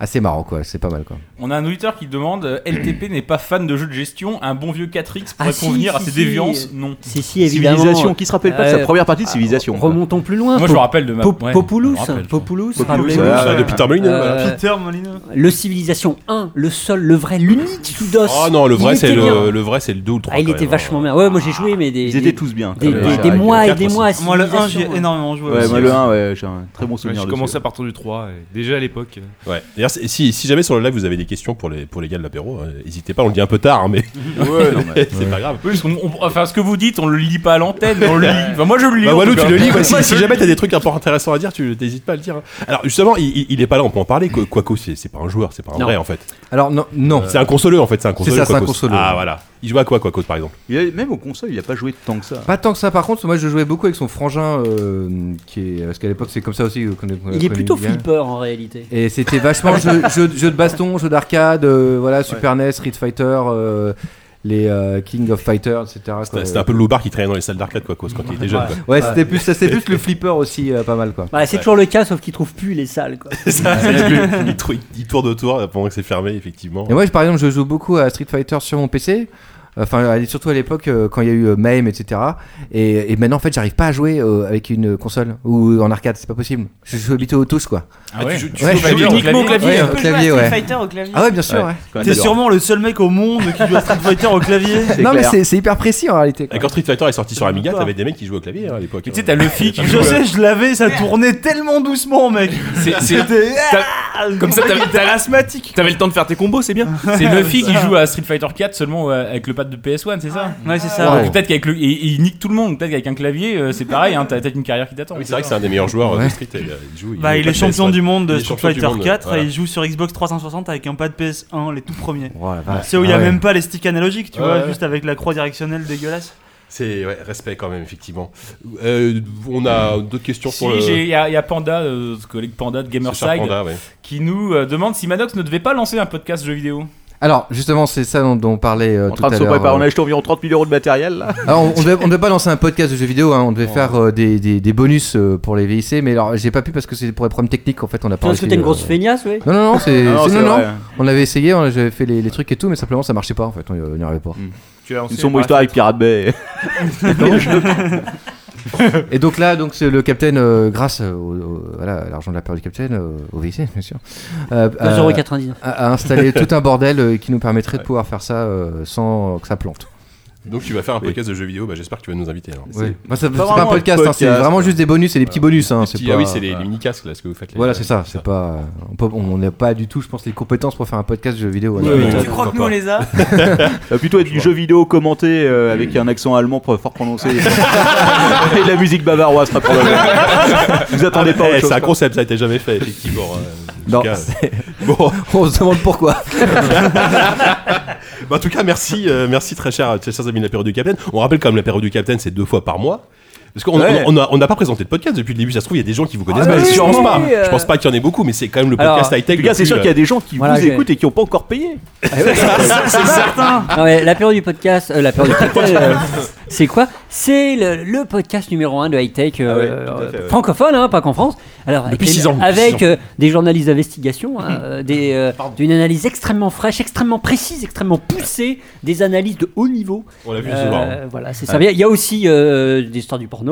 Speaker 5: assez marrant quoi. C'est pas mal quoi.
Speaker 7: On a un auditeur qui demande euh, LTP n'est pas fan de jeux de gestion, un bon vieux 4X pourrait
Speaker 4: Ah, si,
Speaker 7: convenir
Speaker 4: si,
Speaker 7: à ses
Speaker 4: si.
Speaker 7: déviances Non.
Speaker 4: Si, si, évidemment.
Speaker 11: Civilisation, qui se rappelle pas de sa
Speaker 4: Euh,
Speaker 11: première partie de Civilisation, quoi.
Speaker 4: Remontons plus loin.
Speaker 11: Moi, je me
Speaker 4: Pop-
Speaker 11: rappelle de ma-
Speaker 4: Pop-
Speaker 11: ouais, je
Speaker 4: Populous.
Speaker 11: me rappelle, je-
Speaker 4: Populous,
Speaker 11: Populous,
Speaker 4: rappelez-vous.
Speaker 11: ah, de Peter Molyneux,
Speaker 4: Euh,
Speaker 11: voilà.
Speaker 12: Peter Molyneux.
Speaker 4: Le Civilisation 1, le seul, le vrai, l'unique Soudos.
Speaker 2: Oh non, le vrai,
Speaker 4: Il
Speaker 2: c'est
Speaker 4: était bien.
Speaker 2: le, le vrai, c'est le 2 ou le 3.
Speaker 4: Ah, il était vachement bien. Ouais, moi j'ai joué, mais des.
Speaker 11: Ils étaient tous bien,
Speaker 4: Des,
Speaker 11: quand même.
Speaker 4: des-
Speaker 11: Ouais,
Speaker 4: des
Speaker 11: ouais,
Speaker 4: mois et
Speaker 11: quatre,
Speaker 4: des mois à hein.
Speaker 11: aussi. Moi, le un,
Speaker 4: Civilization,
Speaker 11: j'y ai
Speaker 4: ouais.
Speaker 11: énormément joué. Ouais, moi, le 1, hein, ouais, j'ai un très bon souvenir.
Speaker 10: J'ai
Speaker 11: dessus.
Speaker 10: commencé à partir du 3, et déjà à l'époque. euh,
Speaker 2: Ouais. D'ailleurs, c'est- si, si jamais sur le live vous avez des questions pour les, pour les gars de l'apéro, euh, n'hésitez pas, on le dit un peu tard, hein, mais.
Speaker 7: Ouais, non, mais-
Speaker 2: c'est pas grave.
Speaker 7: Oui, parce qu'on- on- enfin, ce que vous dites, on le lit pas à l'antenne, on le lit. Enfin, moi, je le lis.
Speaker 2: Bah,
Speaker 7: en
Speaker 2: Walou,
Speaker 7: tout
Speaker 2: tu
Speaker 7: cas.
Speaker 2: le lis. ouais, si,
Speaker 7: Moi,
Speaker 2: si
Speaker 7: je-
Speaker 2: jamais t'as des trucs impor- intéressants à dire, tu n'hésites pas à le dire. Alors, justement, il, il- il est pas là, on peut en parler. Quoi- Quaco, c'est c'est pas un joueur, c'est pas un
Speaker 5: Non.
Speaker 2: vrai en fait. Euh,
Speaker 5: Alors non, non.
Speaker 2: C'est un consoleux en fait, c'est un consoleux.
Speaker 5: ça, c'est un
Speaker 2: Quacos.
Speaker 5: consoleux.
Speaker 2: Ah, voilà. Il joue à quoi, Quaco, par exemple
Speaker 11: Il a- Même au console, il a pas joué tant que ça.
Speaker 5: Pas tant que ça, par contre, moi je jouais beaucoup avec son frangin, euh, qui est, parce qu'à l'époque c'est comme ça aussi euh, qu'on qu'on-
Speaker 4: Il est
Speaker 5: qu'on
Speaker 4: plutôt
Speaker 5: bien.
Speaker 4: flipper en réalité.
Speaker 5: Et c'était vachement jeu, jeu- jeu de baston, jeu d'arcade, euh, voilà, Super NES, Street Fighter, euh, les euh, King of Fighters, etc. quoi.
Speaker 2: C'était c'était un peu le loupard qui traînait dans les salles d'arcade, Quacos, quand il était jeune. quoi.
Speaker 5: Euh. Ouais, c'était plus, ça, c'est plus le flipper aussi, euh, pas mal quoi.
Speaker 4: Bah, c'est
Speaker 2: Ouais.
Speaker 4: toujours le cas, sauf qu'ils trouvent plus les salles. Quoi.
Speaker 2: Ça, c'est plus- il, trou- il tourne autour euh, pendant que c'est fermé, effectivement.
Speaker 5: Et moi, je- par exemple, je joue beaucoup à Street Fighter sur mon PC. Enfin, à- surtout à l'époque euh, quand il y a eu euh, MAME, etc. Et, et maintenant, en fait, j'arrive pas à jouer euh, avec une console ou en arcade, c'est pas possible. Je joue habitué aux touches, quoi.
Speaker 7: Ah ouais. Tu joues- tu
Speaker 5: Ouais,
Speaker 7: joues
Speaker 5: je joue
Speaker 7: uniquement au clavier.
Speaker 5: Ouais,
Speaker 12: Tu
Speaker 5: au
Speaker 12: peux jouer à
Speaker 5: clavier,
Speaker 12: Street
Speaker 5: ouais.
Speaker 12: Fighter au clavier.
Speaker 5: Ah ouais, bien sûr,
Speaker 12: Ouais,
Speaker 5: ouais.
Speaker 12: quand même T'es dur. sûrement le seul mec au monde qui joue à Street Fighter au clavier.
Speaker 5: Non, mais c'est- c'est hyper précis en réalité.
Speaker 2: Et quand Street Fighter est sorti sur Amiga, t'avais des mecs qui jouaient au clavier hein, à l'époque.
Speaker 7: Tu sais, t'as Luffy qui joue.
Speaker 12: Je sais, je l'avais, ça tournait tellement doucement, mec.
Speaker 7: C'est- c'est-
Speaker 12: C'était- ah,
Speaker 7: t'as- Comme ça,
Speaker 12: Le mec
Speaker 7: t'avais-
Speaker 12: était asthmatique.
Speaker 7: T'avais le temps de faire tes combos, c'est bien. C'est Luffy qui joue à Street Fighter 4 seulement euh, avec le pad de PS1, c'est ça
Speaker 12: Ouais, c'est ça.
Speaker 7: Donc,
Speaker 12: Ouais.
Speaker 7: Peut-être qu'avec le. et- et il nique tout le monde, peut-être qu'avec un clavier, euh, c'est pareil, hein, t'as peut-être une carrière qui t'attend.
Speaker 2: C'est vrai que c'est un des meilleurs joueurs euh, de Street. et, euh, Il joue.
Speaker 12: Bah,
Speaker 2: joue
Speaker 12: il
Speaker 2: pas
Speaker 12: est
Speaker 2: de
Speaker 12: champion
Speaker 2: PS1.
Speaker 12: du monde
Speaker 2: Il
Speaker 12: de
Speaker 2: est
Speaker 12: Street
Speaker 2: champion du
Speaker 12: Fighter
Speaker 2: monde,
Speaker 12: 4
Speaker 2: voilà.
Speaker 12: et il joue sur Xbox 360 avec un pad PS1, les tout premiers.
Speaker 2: Oh la vache.
Speaker 12: C'est où il n'y a
Speaker 2: Ah ouais.
Speaker 12: même pas les sticks analogiques, tu
Speaker 2: Ouais,
Speaker 12: vois,
Speaker 2: ouais.
Speaker 12: juste avec la croix directionnelle dégueulasse.
Speaker 2: C'est ouais, respect quand même, effectivement. Euh, on a d'autres questions
Speaker 7: Si,
Speaker 2: pour le.
Speaker 7: j'ai- il y, a il y a Panda, euh, notre collègue Panda de
Speaker 2: C'est cher
Speaker 7: Gamerside,
Speaker 2: Panda, ouais.
Speaker 7: qui nous euh, demande si Manox ne devait pas lancer un podcast jeux vidéo.
Speaker 5: Alors, justement, c'est ça dont, dont on parlait euh,
Speaker 11: En
Speaker 5: tout
Speaker 11: train de
Speaker 5: à
Speaker 11: se
Speaker 5: l'heure.
Speaker 11: préparer, on a
Speaker 5: euh.
Speaker 11: acheté environ 30 000 euros de matériel là.
Speaker 12: Ah
Speaker 5: Alors, on, on devait, on devait pas lancer un podcast de jeux vidéo, hein, on devait faire euh, des, des- des bonus euh, pour les VIC, mais alors j'ai pas pu parce que c'est pour des problèmes techniques en fait, on a pas
Speaker 4: Parce que
Speaker 5: réussi,
Speaker 4: t'es une
Speaker 5: euh,
Speaker 4: grosse feignasse, ouais.
Speaker 5: Non, non, non, c'est.
Speaker 11: Ah non,
Speaker 5: c'est-
Speaker 11: c'est
Speaker 5: non, non.
Speaker 11: vrai.
Speaker 5: On avait essayé, on- j'avais fait les, les trucs et tout, mais simplement ça marchait pas en
Speaker 11: Hmm.
Speaker 5: fait, on y- on n'y arrivait pas.
Speaker 11: Une sombre histoire avec Pirate Bay.
Speaker 5: Et donc là, donc c'est le capitaine, euh, grâce au- au- voilà, à l'argent de la peur du capitaine, euh, au VIC, bien sûr, euh, a-
Speaker 4: 2,99.
Speaker 5: a, a installé tout un bordel euh, qui nous permettrait de pouvoir faire ça euh, sans que ça plante.
Speaker 2: Donc tu vas faire un podcast de jeux vidéo, bah, j'espère que tu vas nous inviter alors.
Speaker 5: Ouais. Moi, ça- c'est pas un podcast, hein, c'est vraiment juste des bonus, c'est des petits bonus. Hein, c'est
Speaker 2: petits- ah
Speaker 5: pas-
Speaker 2: oui, c'est les- les mini-casques, là, ce que vous faites, les- euh,
Speaker 5: Voilà, c'est ça. C'est pas, on peut- on n'a pas du tout, je pense, les compétences pour faire un podcast de jeux vidéo.
Speaker 11: Ouais,
Speaker 5: voilà.
Speaker 11: ouais,
Speaker 6: Tu crois que nous on les a
Speaker 11: Ça va Bah, plutôt être du jeu vidéo commenté euh, avec un accent allemand pro- fort prononcé. Et de la musique bavaroise, très probablement. Vous attendez pas
Speaker 2: Eh,
Speaker 11: autre chose.
Speaker 2: C'est un concept, ça a été jamais fait, effectivement. euh, en
Speaker 11: Non,
Speaker 2: tout cas,
Speaker 11: c'est-
Speaker 2: bon.
Speaker 5: On se demande pourquoi.
Speaker 2: Bah, en tout cas, merci, euh, merci très cher, très chers amis de l'apéro du Capitaine. On rappelle quand même l'apéro du Capitaine, c'est deux fois par mois. Parce qu'on
Speaker 11: Ouais.
Speaker 2: on- on a- on n'a pas présenté de podcast depuis le début, ça se trouve, il y a des gens qui vous connaissent
Speaker 11: Ah
Speaker 2: pas,
Speaker 11: oui,
Speaker 2: je pense
Speaker 11: oui,
Speaker 2: pas.
Speaker 11: oui, euh.
Speaker 2: Je pense pas qu'il y en ait beaucoup, mais c'est quand même le podcast high-tech.
Speaker 11: Les gars,
Speaker 2: le
Speaker 11: c'est
Speaker 2: plus,
Speaker 11: sûr qu'il y a
Speaker 2: euh,
Speaker 11: des gens qui
Speaker 4: Voilà,
Speaker 11: vous
Speaker 4: j'ai-
Speaker 11: écoutent et qui n'ont pas encore payé.
Speaker 4: C'est certain. Non, mais l'apéro du podcast, euh, l'apéro du podcast, euh, c'est quoi C'est le, le podcast numéro 1 de High Tech euh,
Speaker 9: tout à fait, ouais.
Speaker 4: francophone, hein, pas qu'en France. Alors
Speaker 9: Depuis
Speaker 4: avec-
Speaker 9: six ans, depuis
Speaker 4: avec
Speaker 9: six ans.
Speaker 4: euh, des journalistes d'investigation, hein, euh, des, euh, d'une analyse extrêmement fraîche, extrêmement précise, extrêmement poussée, des analyses de haut niveau.
Speaker 2: On l'a vu
Speaker 4: Euh,
Speaker 2: ce soir, hein.
Speaker 4: Voilà, c'est ça.
Speaker 2: Ouais.
Speaker 4: Il y a aussi euh, des histoires du porno,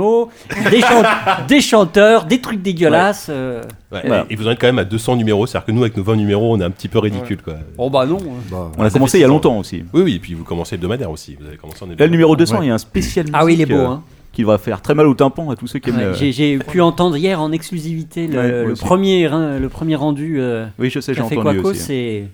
Speaker 4: des, chan- des chanteurs, des trucs dégueulasses. euh,
Speaker 2: Ouais,
Speaker 4: voilà.
Speaker 2: Et et vous en êtes quand même à 200 numéros, c'est-à-dire que nous, avec nos 20 numéros, on est un petit peu ridicule. Quoi.
Speaker 4: Oh bah non.
Speaker 2: Ah.
Speaker 11: On a
Speaker 2: Ça
Speaker 11: commencé
Speaker 2: fait
Speaker 11: il y a
Speaker 2: six ans.
Speaker 11: longtemps aussi.
Speaker 2: Oui, oui, et puis vous commencez hebdomadaire aussi. Vous avez commencé en
Speaker 11: Là, le numéro 200,
Speaker 2: Ouais.
Speaker 11: il y a un spécial
Speaker 4: Ah oui, il est
Speaker 11: musique,
Speaker 4: beau,
Speaker 11: euh,
Speaker 4: hein.
Speaker 11: Qui va faire très mal au tympan à tous ceux qui aiment.
Speaker 4: Ouais,
Speaker 11: euh,
Speaker 4: j'ai- J'ai pu entendre hier en exclusivité le,
Speaker 11: Ouais, moi
Speaker 4: le
Speaker 11: aussi.
Speaker 4: premier, hein, le premier rendu. euh,
Speaker 11: Oui, je sais, j'ai
Speaker 4: Café
Speaker 11: entendu
Speaker 4: Quaco,
Speaker 11: aussi.
Speaker 4: C'est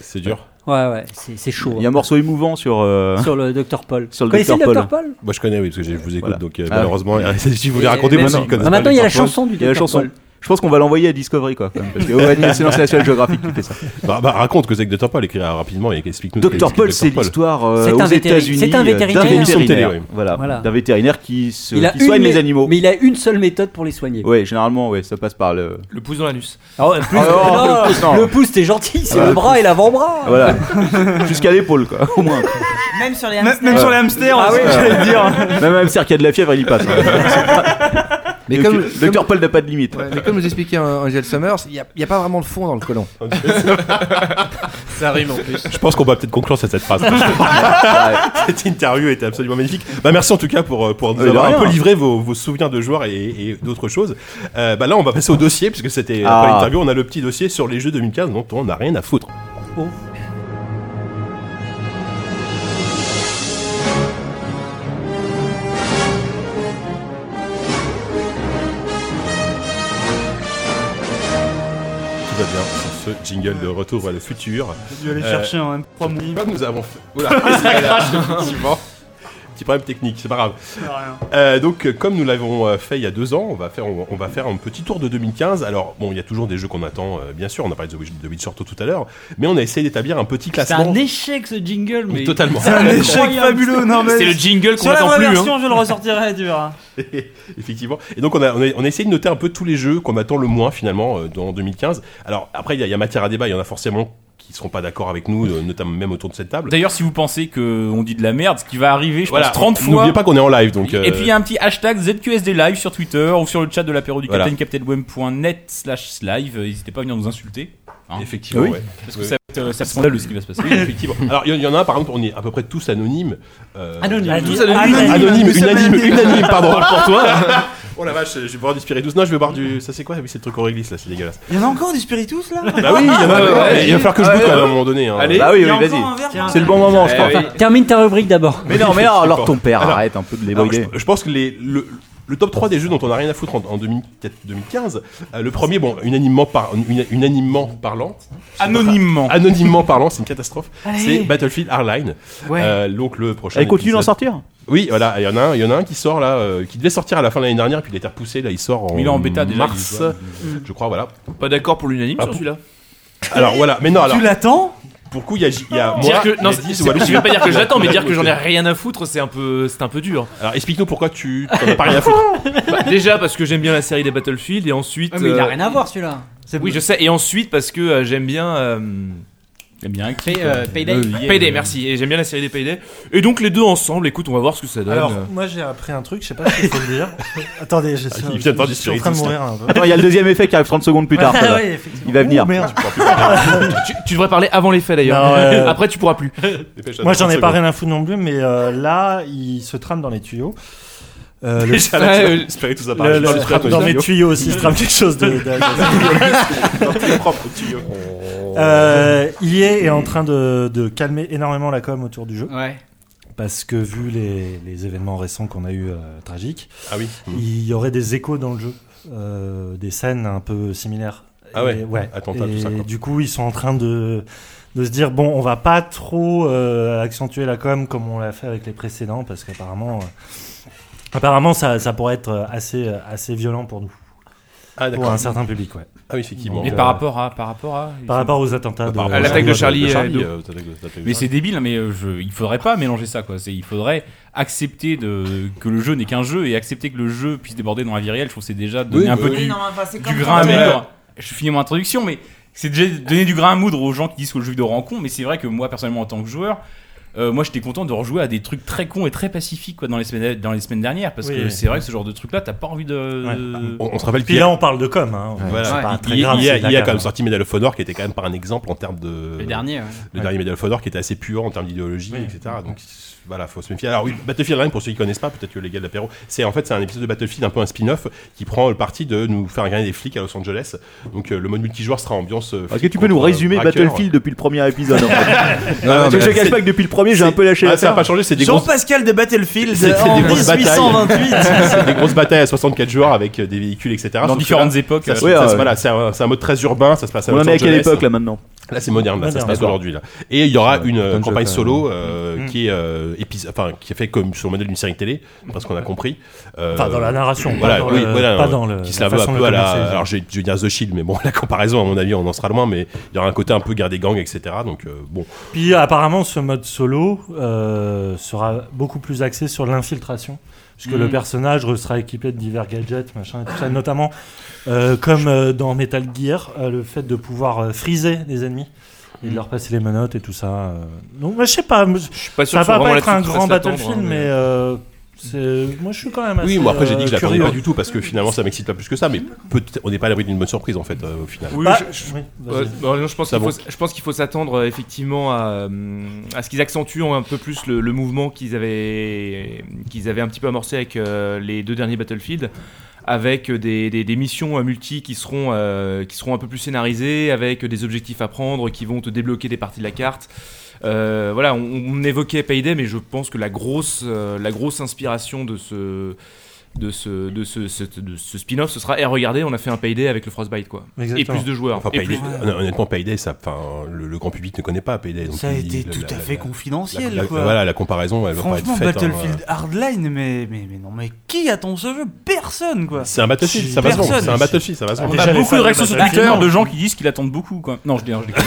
Speaker 2: C'est dur.
Speaker 4: Ouais, ouais, c'est c'est chaud. hein.
Speaker 11: Il y a un morceau émouvant sur. euh,
Speaker 4: Sur le Dr Paul.
Speaker 11: Sur le
Speaker 4: Connaissez
Speaker 11: Dr Paul.
Speaker 4: le Dr Paul
Speaker 2: Moi, je connais, oui, parce que je vous écoute,
Speaker 11: Voilà.
Speaker 2: donc euh,
Speaker 11: Ah.
Speaker 2: malheureusement, si vous les racontez,
Speaker 11: Et
Speaker 2: moi,
Speaker 11: maintenant-
Speaker 2: je connais
Speaker 11: Ah,
Speaker 2: pas
Speaker 11: maintenant,
Speaker 2: les
Speaker 11: il y a la
Speaker 2: paroles.
Speaker 11: chanson du Il y a la Dr. chanson. Paul. Je pense qu'on va l'envoyer à Discovery, quoi. quand même, parce que, ouais, c'est l'ancien National Geographic qui fait ça.
Speaker 2: Bah, bah, raconte que c'est que Dr Paul, écrit euh, rapidement et explique-nous.
Speaker 11: Dr. Paul, c'est l'histoire euh, aux États-Unis
Speaker 4: C'est un
Speaker 11: euh,
Speaker 4: vétérinaire.
Speaker 11: d'un
Speaker 4: Émission de télé,
Speaker 11: vétérinaire.
Speaker 4: oui.
Speaker 11: Voilà,
Speaker 4: Voilà.
Speaker 11: d'un vétérinaire qui, se,
Speaker 4: Il a
Speaker 11: qui soigne
Speaker 4: une-
Speaker 11: les animaux.
Speaker 4: Mais il a une seule méthode pour les soigner.
Speaker 11: Ouais, généralement, ouais, ça passe par le.
Speaker 10: Le pouce dans l'anus.
Speaker 4: Alors, le pouce-
Speaker 11: Ah non,
Speaker 4: non,
Speaker 11: le pouce, non.
Speaker 4: le pouce, t'es gentil, c'est
Speaker 11: Ah,
Speaker 4: le
Speaker 11: le
Speaker 4: bras et l'avant-bras.
Speaker 11: Voilà, jusqu'à l'épaule, quoi, au moins.
Speaker 6: Même sur les
Speaker 16: Même-
Speaker 6: hamsters.
Speaker 16: même sur les hamsters,
Speaker 6: Ah
Speaker 16: on
Speaker 6: oui,
Speaker 16: sait.
Speaker 6: j'allais le dire.
Speaker 11: Même un hamster qui a de la fièvre, il y passe.
Speaker 5: Mais
Speaker 11: Le-
Speaker 5: comme-
Speaker 11: le Dr. Paul n'a pas de limite.
Speaker 5: Ouais, mais comme nous expliquait euh, Angel Summers, il n'y a, il y a pas vraiment de fond dans le colon.
Speaker 2: Ça rime en plus. Je pense qu'on va peut-être conclure cette, cette phrase. cette interview était absolument magnifique. Bah, merci en tout cas pour, euh, pour nous
Speaker 11: Euh, de
Speaker 2: avoir un
Speaker 11: rien.
Speaker 2: peu livré vos, vos souvenirs de joueurs et, et d'autres choses. Euh, bah, là, on va passer au dossier, puisque c'était
Speaker 11: Ah.
Speaker 2: après l'interview, on a le petit dossier sur les jeux 2015 dont on n'a rien à foutre. Tout va bien sur ce jingle de retour vers le futur.
Speaker 12: J'ai dû aller
Speaker 2: Euh,
Speaker 12: chercher un M3 mini.
Speaker 2: nous avons fait. Oula, ça crache, effectivement. Petit problème technique, c'est pas grave. Euh, donc, euh, comme nous l'avons euh, fait il y a deux ans, on va faire, on, on va faire un petit tour de 2015. Alors, bon, il y a toujours des jeux qu'on attend, euh, bien sûr. On a parlé de The Witch- de Witcher tout à l'heure, mais on a essayé d'établir un petit
Speaker 9: C'est
Speaker 2: classement.
Speaker 9: un échec ce jingle, mais.
Speaker 2: Mais totalement.
Speaker 9: C'est un échec
Speaker 12: Incroyable.
Speaker 9: fabuleux, non, mais- C'est le jingle qu'on
Speaker 12: Sur la
Speaker 9: attend
Speaker 12: vraie
Speaker 9: plus, hein.
Speaker 12: version, je le ressortirai, tu verras.
Speaker 2: Effectivement. Et donc on a, on, a, on a essayé de noter un peu tous les jeux qu'on attend le moins finalement euh, dans 2015. Alors après il y, a- il y a matière à débat, il y en a forcément qui seront pas d'accord avec nous, euh, notamment même autour de cette table.
Speaker 7: D'ailleurs, si vous pensez qu'on dit de la merde, ce qui va arriver, je
Speaker 2: Voilà.
Speaker 7: pense, 30 fois.
Speaker 2: N'oubliez pas qu'on est en live, donc, euh,
Speaker 7: Et puis, il y a un petit hashtag ZQSD Live sur Twitter ou sur le chat de l'apéro du
Speaker 2: Voilà.
Speaker 7: capitaine, captainweb.net slash live. Euh, N'hésitez pas à venir nous insulter. hein.
Speaker 2: Effectivement,
Speaker 7: Oui.
Speaker 2: ouais.
Speaker 7: Parce que
Speaker 2: Oui.
Speaker 7: ça va être, euh, ça va être scandaleux ce qui va se passer.
Speaker 2: Oui, effectivement. Alors il y, en- il y en a un, par exemple, on est à peu près tous anonymes. Euh,
Speaker 7: Anonymes.
Speaker 2: Tous
Speaker 7: Anonymes.
Speaker 2: anonymes.
Speaker 7: Anonymes.
Speaker 2: Anonymes,
Speaker 7: Nous sommes
Speaker 2: unanimes,
Speaker 7: anonymes.
Speaker 2: unanimes, pardon pour toi.
Speaker 7: Voilà.
Speaker 2: Oh la vache, je vais boire du spiritus. Non, je vais boire du. Ça c'est quoi Oui, c'est le truc au réglisse là, c'est dégueulasse.
Speaker 12: Il y en a encore du spiritus là
Speaker 2: Bah oui, il y en a.
Speaker 12: Ouais, ouais,
Speaker 2: il va falloir que je
Speaker 12: ouais,
Speaker 2: goûte
Speaker 12: ouais.
Speaker 2: quand même, à un moment donné. hein.
Speaker 12: Allez,
Speaker 11: Bah oui,
Speaker 12: il y a
Speaker 11: oui,
Speaker 12: encore
Speaker 11: vas-y.
Speaker 12: un verre, hein. tiens. Ah
Speaker 11: C'est le bon moment, je
Speaker 2: Eh
Speaker 11: crois.
Speaker 2: oui.
Speaker 4: Termine ta rubrique d'abord.
Speaker 11: Mais non, mais non, alors ton père,
Speaker 2: Alors,
Speaker 11: arrête un peu de les
Speaker 2: alors,
Speaker 11: brûler.
Speaker 2: je, je pense que les, le, le top 3 des jeux dont on n'a rien à foutre en, en 2000 peut-être 2015, euh, le premier, bon, unanimement, par, una- unanimement parlant.
Speaker 7: Anonymement.
Speaker 2: Anonymement parlant, c'est une catastrophe.
Speaker 11: Allez.
Speaker 2: C'est Battlefield Hardline.
Speaker 11: Ouais.
Speaker 2: Euh, donc le prochain.
Speaker 11: Elle continue d'en
Speaker 2: épisode-
Speaker 11: sortir
Speaker 2: Oui, voilà, il y en a un, il y en a un qui sort là, euh, qui devait sortir à la fin de l'année dernière, puis il a été repoussé, là il sort en,
Speaker 7: Il est en bêta déjà, il
Speaker 2: mars,
Speaker 7: doit-
Speaker 10: Mm.
Speaker 2: je crois, voilà.
Speaker 10: Pas d'accord pour l'unanime
Speaker 2: Ah,
Speaker 10: sur
Speaker 2: pour-
Speaker 10: celui-là
Speaker 2: Alors voilà, mais non, alors.
Speaker 10: Tu l'attends
Speaker 2: Pour coup, il y a, il y a Ah, moi.
Speaker 10: Dire
Speaker 2: il y
Speaker 10: que,
Speaker 2: a
Speaker 10: non,
Speaker 2: dix,
Speaker 10: c'est-
Speaker 2: ou alors-
Speaker 10: je vais pas dire que je l'attends, mais dire que j'en ai rien à foutre, c'est un peu, c'est un peu dur.
Speaker 2: Alors explique-nous pourquoi tu t'en as pas rien à foutre.
Speaker 10: Bah, déjà parce que j'aime bien la série des Battlefield et ensuite.
Speaker 9: mais il a
Speaker 10: euh,
Speaker 9: rien à voir celui-là.
Speaker 10: Oui, je sais. Et ensuite parce que euh, j'aime bien. euh,
Speaker 7: J'aime bien
Speaker 9: Pay- euh, Payday.
Speaker 10: Payday, merci. Et j'aime bien la série des Payday. Et donc les deux ensemble, écoute, on va voir ce que ça donne.
Speaker 8: Alors, moi j'ai appris un truc, je sais pas si il faut le dire. Attendez, je suis,
Speaker 10: Il vient de voir du
Speaker 8: je suis en train de
Speaker 10: spiritus,
Speaker 8: mourir
Speaker 10: là.
Speaker 8: un peu.
Speaker 11: Attends, il y a le deuxième effet qui arrive 30 secondes plus tard.
Speaker 8: Ouais,
Speaker 11: ça va.
Speaker 8: ouais, Ah, effectivement.
Speaker 11: il va venir.
Speaker 8: Oh, merde.
Speaker 10: tu, tu devrais parler avant les faits d'ailleurs.
Speaker 8: Non, ouais.
Speaker 10: Après, tu pourras plus.
Speaker 8: Moi j'en ai pas rien à foutre non plus, mais euh, là il se trame dans les tuyaux. euh,
Speaker 2: Déjà, là, tu vas espérer tout ça par
Speaker 8: le-
Speaker 2: la
Speaker 8: le-
Speaker 2: suite.
Speaker 8: le strap- dans mes tuyaux aussi, je trappe quelque chose de. de- de-
Speaker 2: Dans tes propres tuyaux.
Speaker 8: Euh, EA est en train de, de calmer énormément la com autour du jeu. Parce que vu les, les événements récents qu'on a eu euh, tragiques,
Speaker 2: Ah oui.
Speaker 8: il y aurait des échos dans le jeu, euh, des scènes un peu similaires.
Speaker 2: Ah ouais.
Speaker 8: Et-
Speaker 2: Attentat,
Speaker 8: Et
Speaker 2: tout ça, quoi.
Speaker 8: du coup, ils sont en train de, de se dire bon, on va pas trop euh, accentuer la com comme on l'a fait avec les précédents, parce qu'apparemment, euh, apparemment, ça, ça pourrait être assez, assez violent pour nous. pour un certain public, ouais.
Speaker 2: Ah oui, effectivement.
Speaker 7: Et
Speaker 8: Donc,
Speaker 7: par
Speaker 8: euh,
Speaker 7: rapport à, par rapport à,
Speaker 8: Par rapport aux attentats de-
Speaker 7: à l'attaque de Charlie.
Speaker 2: de
Speaker 7: euh,
Speaker 2: Charlie,
Speaker 7: Hebdo.
Speaker 2: euh, aux attaques de- aux attaques de
Speaker 7: mais
Speaker 2: Charlie.
Speaker 7: c'est débile, hein, mais euh, je, il faudrait pas mélanger ça, quoi. C'est, il faudrait accepter de, que le jeu n'est qu'un jeu et accepter que le jeu puisse déborder dans la vie réelle. Je trouve que c'est déjà donner
Speaker 11: Oui,
Speaker 7: un
Speaker 11: bah
Speaker 7: peu
Speaker 11: oui.
Speaker 7: du,
Speaker 11: Non, enfin, c'est
Speaker 7: du
Speaker 11: comme
Speaker 7: grain à
Speaker 11: quand-
Speaker 7: moudre. Je finis mon introduction, mais c'est déjà donner du grain à moudre aux gens qui disent que le jeu vidéo rend con. Mais c'est vrai que moi, personnellement, en tant que joueur. euh, moi j'étais content de rejouer à des trucs très cons et très pacifiques quoi, dans, les semaines, dans les semaines dernières parce
Speaker 8: Oui,
Speaker 7: que
Speaker 8: oui.
Speaker 7: c'est vrai que ce genre de truc là t'as pas envie de.
Speaker 2: On, on se rappelle
Speaker 8: Puis
Speaker 2: qu'hier-
Speaker 8: là, on parle de com, hein. Ouais.
Speaker 2: Voilà.
Speaker 8: C'est pas très
Speaker 2: Hier-
Speaker 8: grave,
Speaker 2: hier-
Speaker 8: c'est de la
Speaker 2: hier,
Speaker 8: com.
Speaker 2: quand même sorti Medal of Honor, qui était quand même pas un exemple en termes de.
Speaker 13: Le dernier, ouais.
Speaker 2: Le
Speaker 13: Ouais.
Speaker 2: dernier Medal of Honor, qui était assez puant en termes d'idéologie, etc. Donc voilà, faut se méfier. Alors oui, Battlefield Line, pour ceux qui connaissent pas, peut-être que les gars de l'apéro, c'est en fait c'est un épisode de Battlefield, un peu un spin-off, qui prend le parti de nous faire gagner des flics à Los Angeles. Donc euh, le mode multijoueur sera ambiance. euh,
Speaker 11: Est-ce que
Speaker 2: flic
Speaker 11: tu peux nous
Speaker 2: contre, euh,
Speaker 11: résumer
Speaker 2: braqueur.
Speaker 11: Battlefield depuis le premier épisode en fait
Speaker 2: Non, non,
Speaker 11: Parce que
Speaker 2: mais
Speaker 11: Je te
Speaker 2: c'est-
Speaker 11: cache pas que depuis le premier, j'ai un peu lâché
Speaker 2: Ah,
Speaker 11: la
Speaker 2: ça a
Speaker 11: n'a
Speaker 2: pas changé, c'est des grosses-
Speaker 12: Jean-Pascal de Battlefield
Speaker 2: C'est c'est
Speaker 12: en
Speaker 2: des grosses batailles.
Speaker 12: 1828.
Speaker 2: C'est des grosses batailles à 64 joueurs avec euh, des véhicules, etc.
Speaker 7: Dans
Speaker 2: Sauf que
Speaker 7: différentes
Speaker 2: là,
Speaker 7: époques, euh,
Speaker 2: ça se-
Speaker 7: ouais,
Speaker 8: ah
Speaker 2: ça se-
Speaker 7: ouais.
Speaker 2: voilà, c'est un, c'est un mode très urbain, ça se passe à
Speaker 11: On en
Speaker 2: Los
Speaker 11: est à quelle
Speaker 2: Angeles.
Speaker 11: époque, là, maintenant
Speaker 2: Là, c'est moderne, là, ça se
Speaker 11: Moderne.
Speaker 2: passe
Speaker 11: D'accord.
Speaker 2: aujourd'hui. là. Et il y aura
Speaker 11: Ouais,
Speaker 2: une euh,
Speaker 11: putain de
Speaker 2: campagne
Speaker 11: jeu, quand
Speaker 2: solo
Speaker 11: même.
Speaker 2: euh,
Speaker 8: Mm.
Speaker 2: qui est euh, épis- enfin qui est fait comme sur le modèle d'une série télé, parce qu'on a compris. Euh,
Speaker 8: Enfin, dans la narration, pas
Speaker 2: voilà,
Speaker 8: dans
Speaker 2: oui,
Speaker 8: le-
Speaker 2: voilà,
Speaker 8: pas
Speaker 2: euh,
Speaker 8: dans le-
Speaker 2: qui se
Speaker 8: la
Speaker 2: la veut un
Speaker 8: façon de
Speaker 2: peu à la.
Speaker 8: commencer.
Speaker 2: Alors, je vais je vais dire The Shield, mais bon, la comparaison, à mon avis, on en sera loin, mais il y aura un côté un peu guerre des gangs, etc. Donc euh, bon,
Speaker 8: Puis apparemment, ce mode solo euh, sera beaucoup plus axé sur l'infiltration. Puisque
Speaker 10: Mm.
Speaker 2: Mhm.
Speaker 8: le personnage sera équipé de divers gadgets, machin, et tout ça, notamment euh, comme euh, dans Metal Gear, euh, le fait de pouvoir euh, friser des ennemis et
Speaker 10: Mm.
Speaker 8: de leur passer les menottes et tout ça. euh. Donc, moi, je sais pas,
Speaker 10: pas sûr
Speaker 8: ça
Speaker 10: que ce
Speaker 8: va
Speaker 10: soit
Speaker 8: pas
Speaker 10: vraiment
Speaker 8: être
Speaker 10: là-dessus
Speaker 8: un
Speaker 10: qu'il faut
Speaker 8: grand
Speaker 10: s'attendre,
Speaker 8: Battlefield,
Speaker 10: hein,
Speaker 8: mais,
Speaker 10: mais-
Speaker 8: euh, c'est- moi je suis quand même assez.
Speaker 2: Oui, moi après j'ai dit que
Speaker 8: euh,
Speaker 2: je l'attendais
Speaker 8: curieux.
Speaker 2: pas du tout parce que finalement ça m'excite pas plus que ça, mais peut on n'est pas à l'abri d'une bonne surprise en fait euh, au final.
Speaker 10: Oui,
Speaker 8: Bah,
Speaker 10: je, je-
Speaker 8: oui, vas-y.
Speaker 10: euh, non, non, je pense
Speaker 2: Ça
Speaker 10: qu'il faut,
Speaker 2: bon.
Speaker 10: je pense qu'il faut s'attendre euh, effectivement à, hum, à ce qu'ils accentuent un peu plus le, le mouvement qu'ils avaient, qu'ils avaient un petit peu amorcé avec euh, les deux derniers Battlefield, avec des, des- des missions euh, multi qui seront, euh, qui seront un peu plus scénarisées, avec des objectifs à prendre qui vont te débloquer des parties de la carte. Euh, voilà, on, on évoquait Payday, mais je pense que la grosse, euh, la grosse inspiration de ce de ce, de ce, ce- de ce spin-off, ce sera et regardez, on a fait un Payday avec le Frostbite quoi. Et plus de joueurs.
Speaker 2: Enfin,
Speaker 10: et
Speaker 2: Payday-
Speaker 10: plus-
Speaker 2: hon- honnêtement, Payday, ça, enfin, le, le grand public ne connaît pas Payday. donc
Speaker 12: Ça a
Speaker 2: il-
Speaker 12: été
Speaker 2: la-
Speaker 12: tout
Speaker 2: la-
Speaker 12: à
Speaker 2: la-
Speaker 12: fait
Speaker 2: la-
Speaker 12: confidentiel,
Speaker 2: la- la-
Speaker 12: quoi.
Speaker 2: Voilà, la comparaison, elle va pas être
Speaker 12: Franchement,
Speaker 2: faite. hein,
Speaker 12: Battlefield
Speaker 2: euh.
Speaker 12: Hardline, mais, mais, mais non, mais qui attend ce jeu Personne, quoi.
Speaker 2: C'est un Battlefield, ça va se vendre,
Speaker 12: Personne.
Speaker 2: c'est un Battlefield, ça va se
Speaker 7: On
Speaker 2: vendre.
Speaker 7: a
Speaker 2: Déjà, les
Speaker 7: beaucoup
Speaker 2: fans
Speaker 7: de
Speaker 2: de
Speaker 7: réactions sur
Speaker 2: Battlefield,
Speaker 7: Twitter
Speaker 2: non.
Speaker 7: de gens qui disent qu'ils attendent beaucoup. Quoi. Non, je déconne. Je déconne.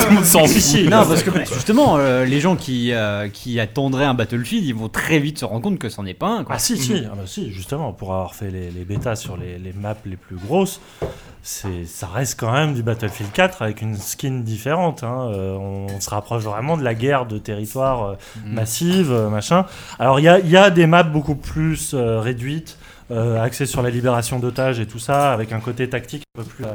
Speaker 7: Tout le monde s'en fout.
Speaker 13: Non, parce que justement, euh, les gens qui, euh, qui attendraient un Battlefield, ils vont très vite se rendre compte que c'en est pas un. Quoi. Mm.
Speaker 8: Ah si, si, ah bah si, justement, pour avoir fait les, les bêtas sur les, les maps les plus grosses, c'est, ça reste quand même du Battlefield 4 avec une skin différente. hein. Euh, on, on se rapproche vraiment de la guerre de territoire euh, massive, euh, machin. Alors il y a, il y a des maps beaucoup plus euh, réduites, euh, axées sur la libération d'otages et tout ça, avec un côté tactique un peu plus... euh,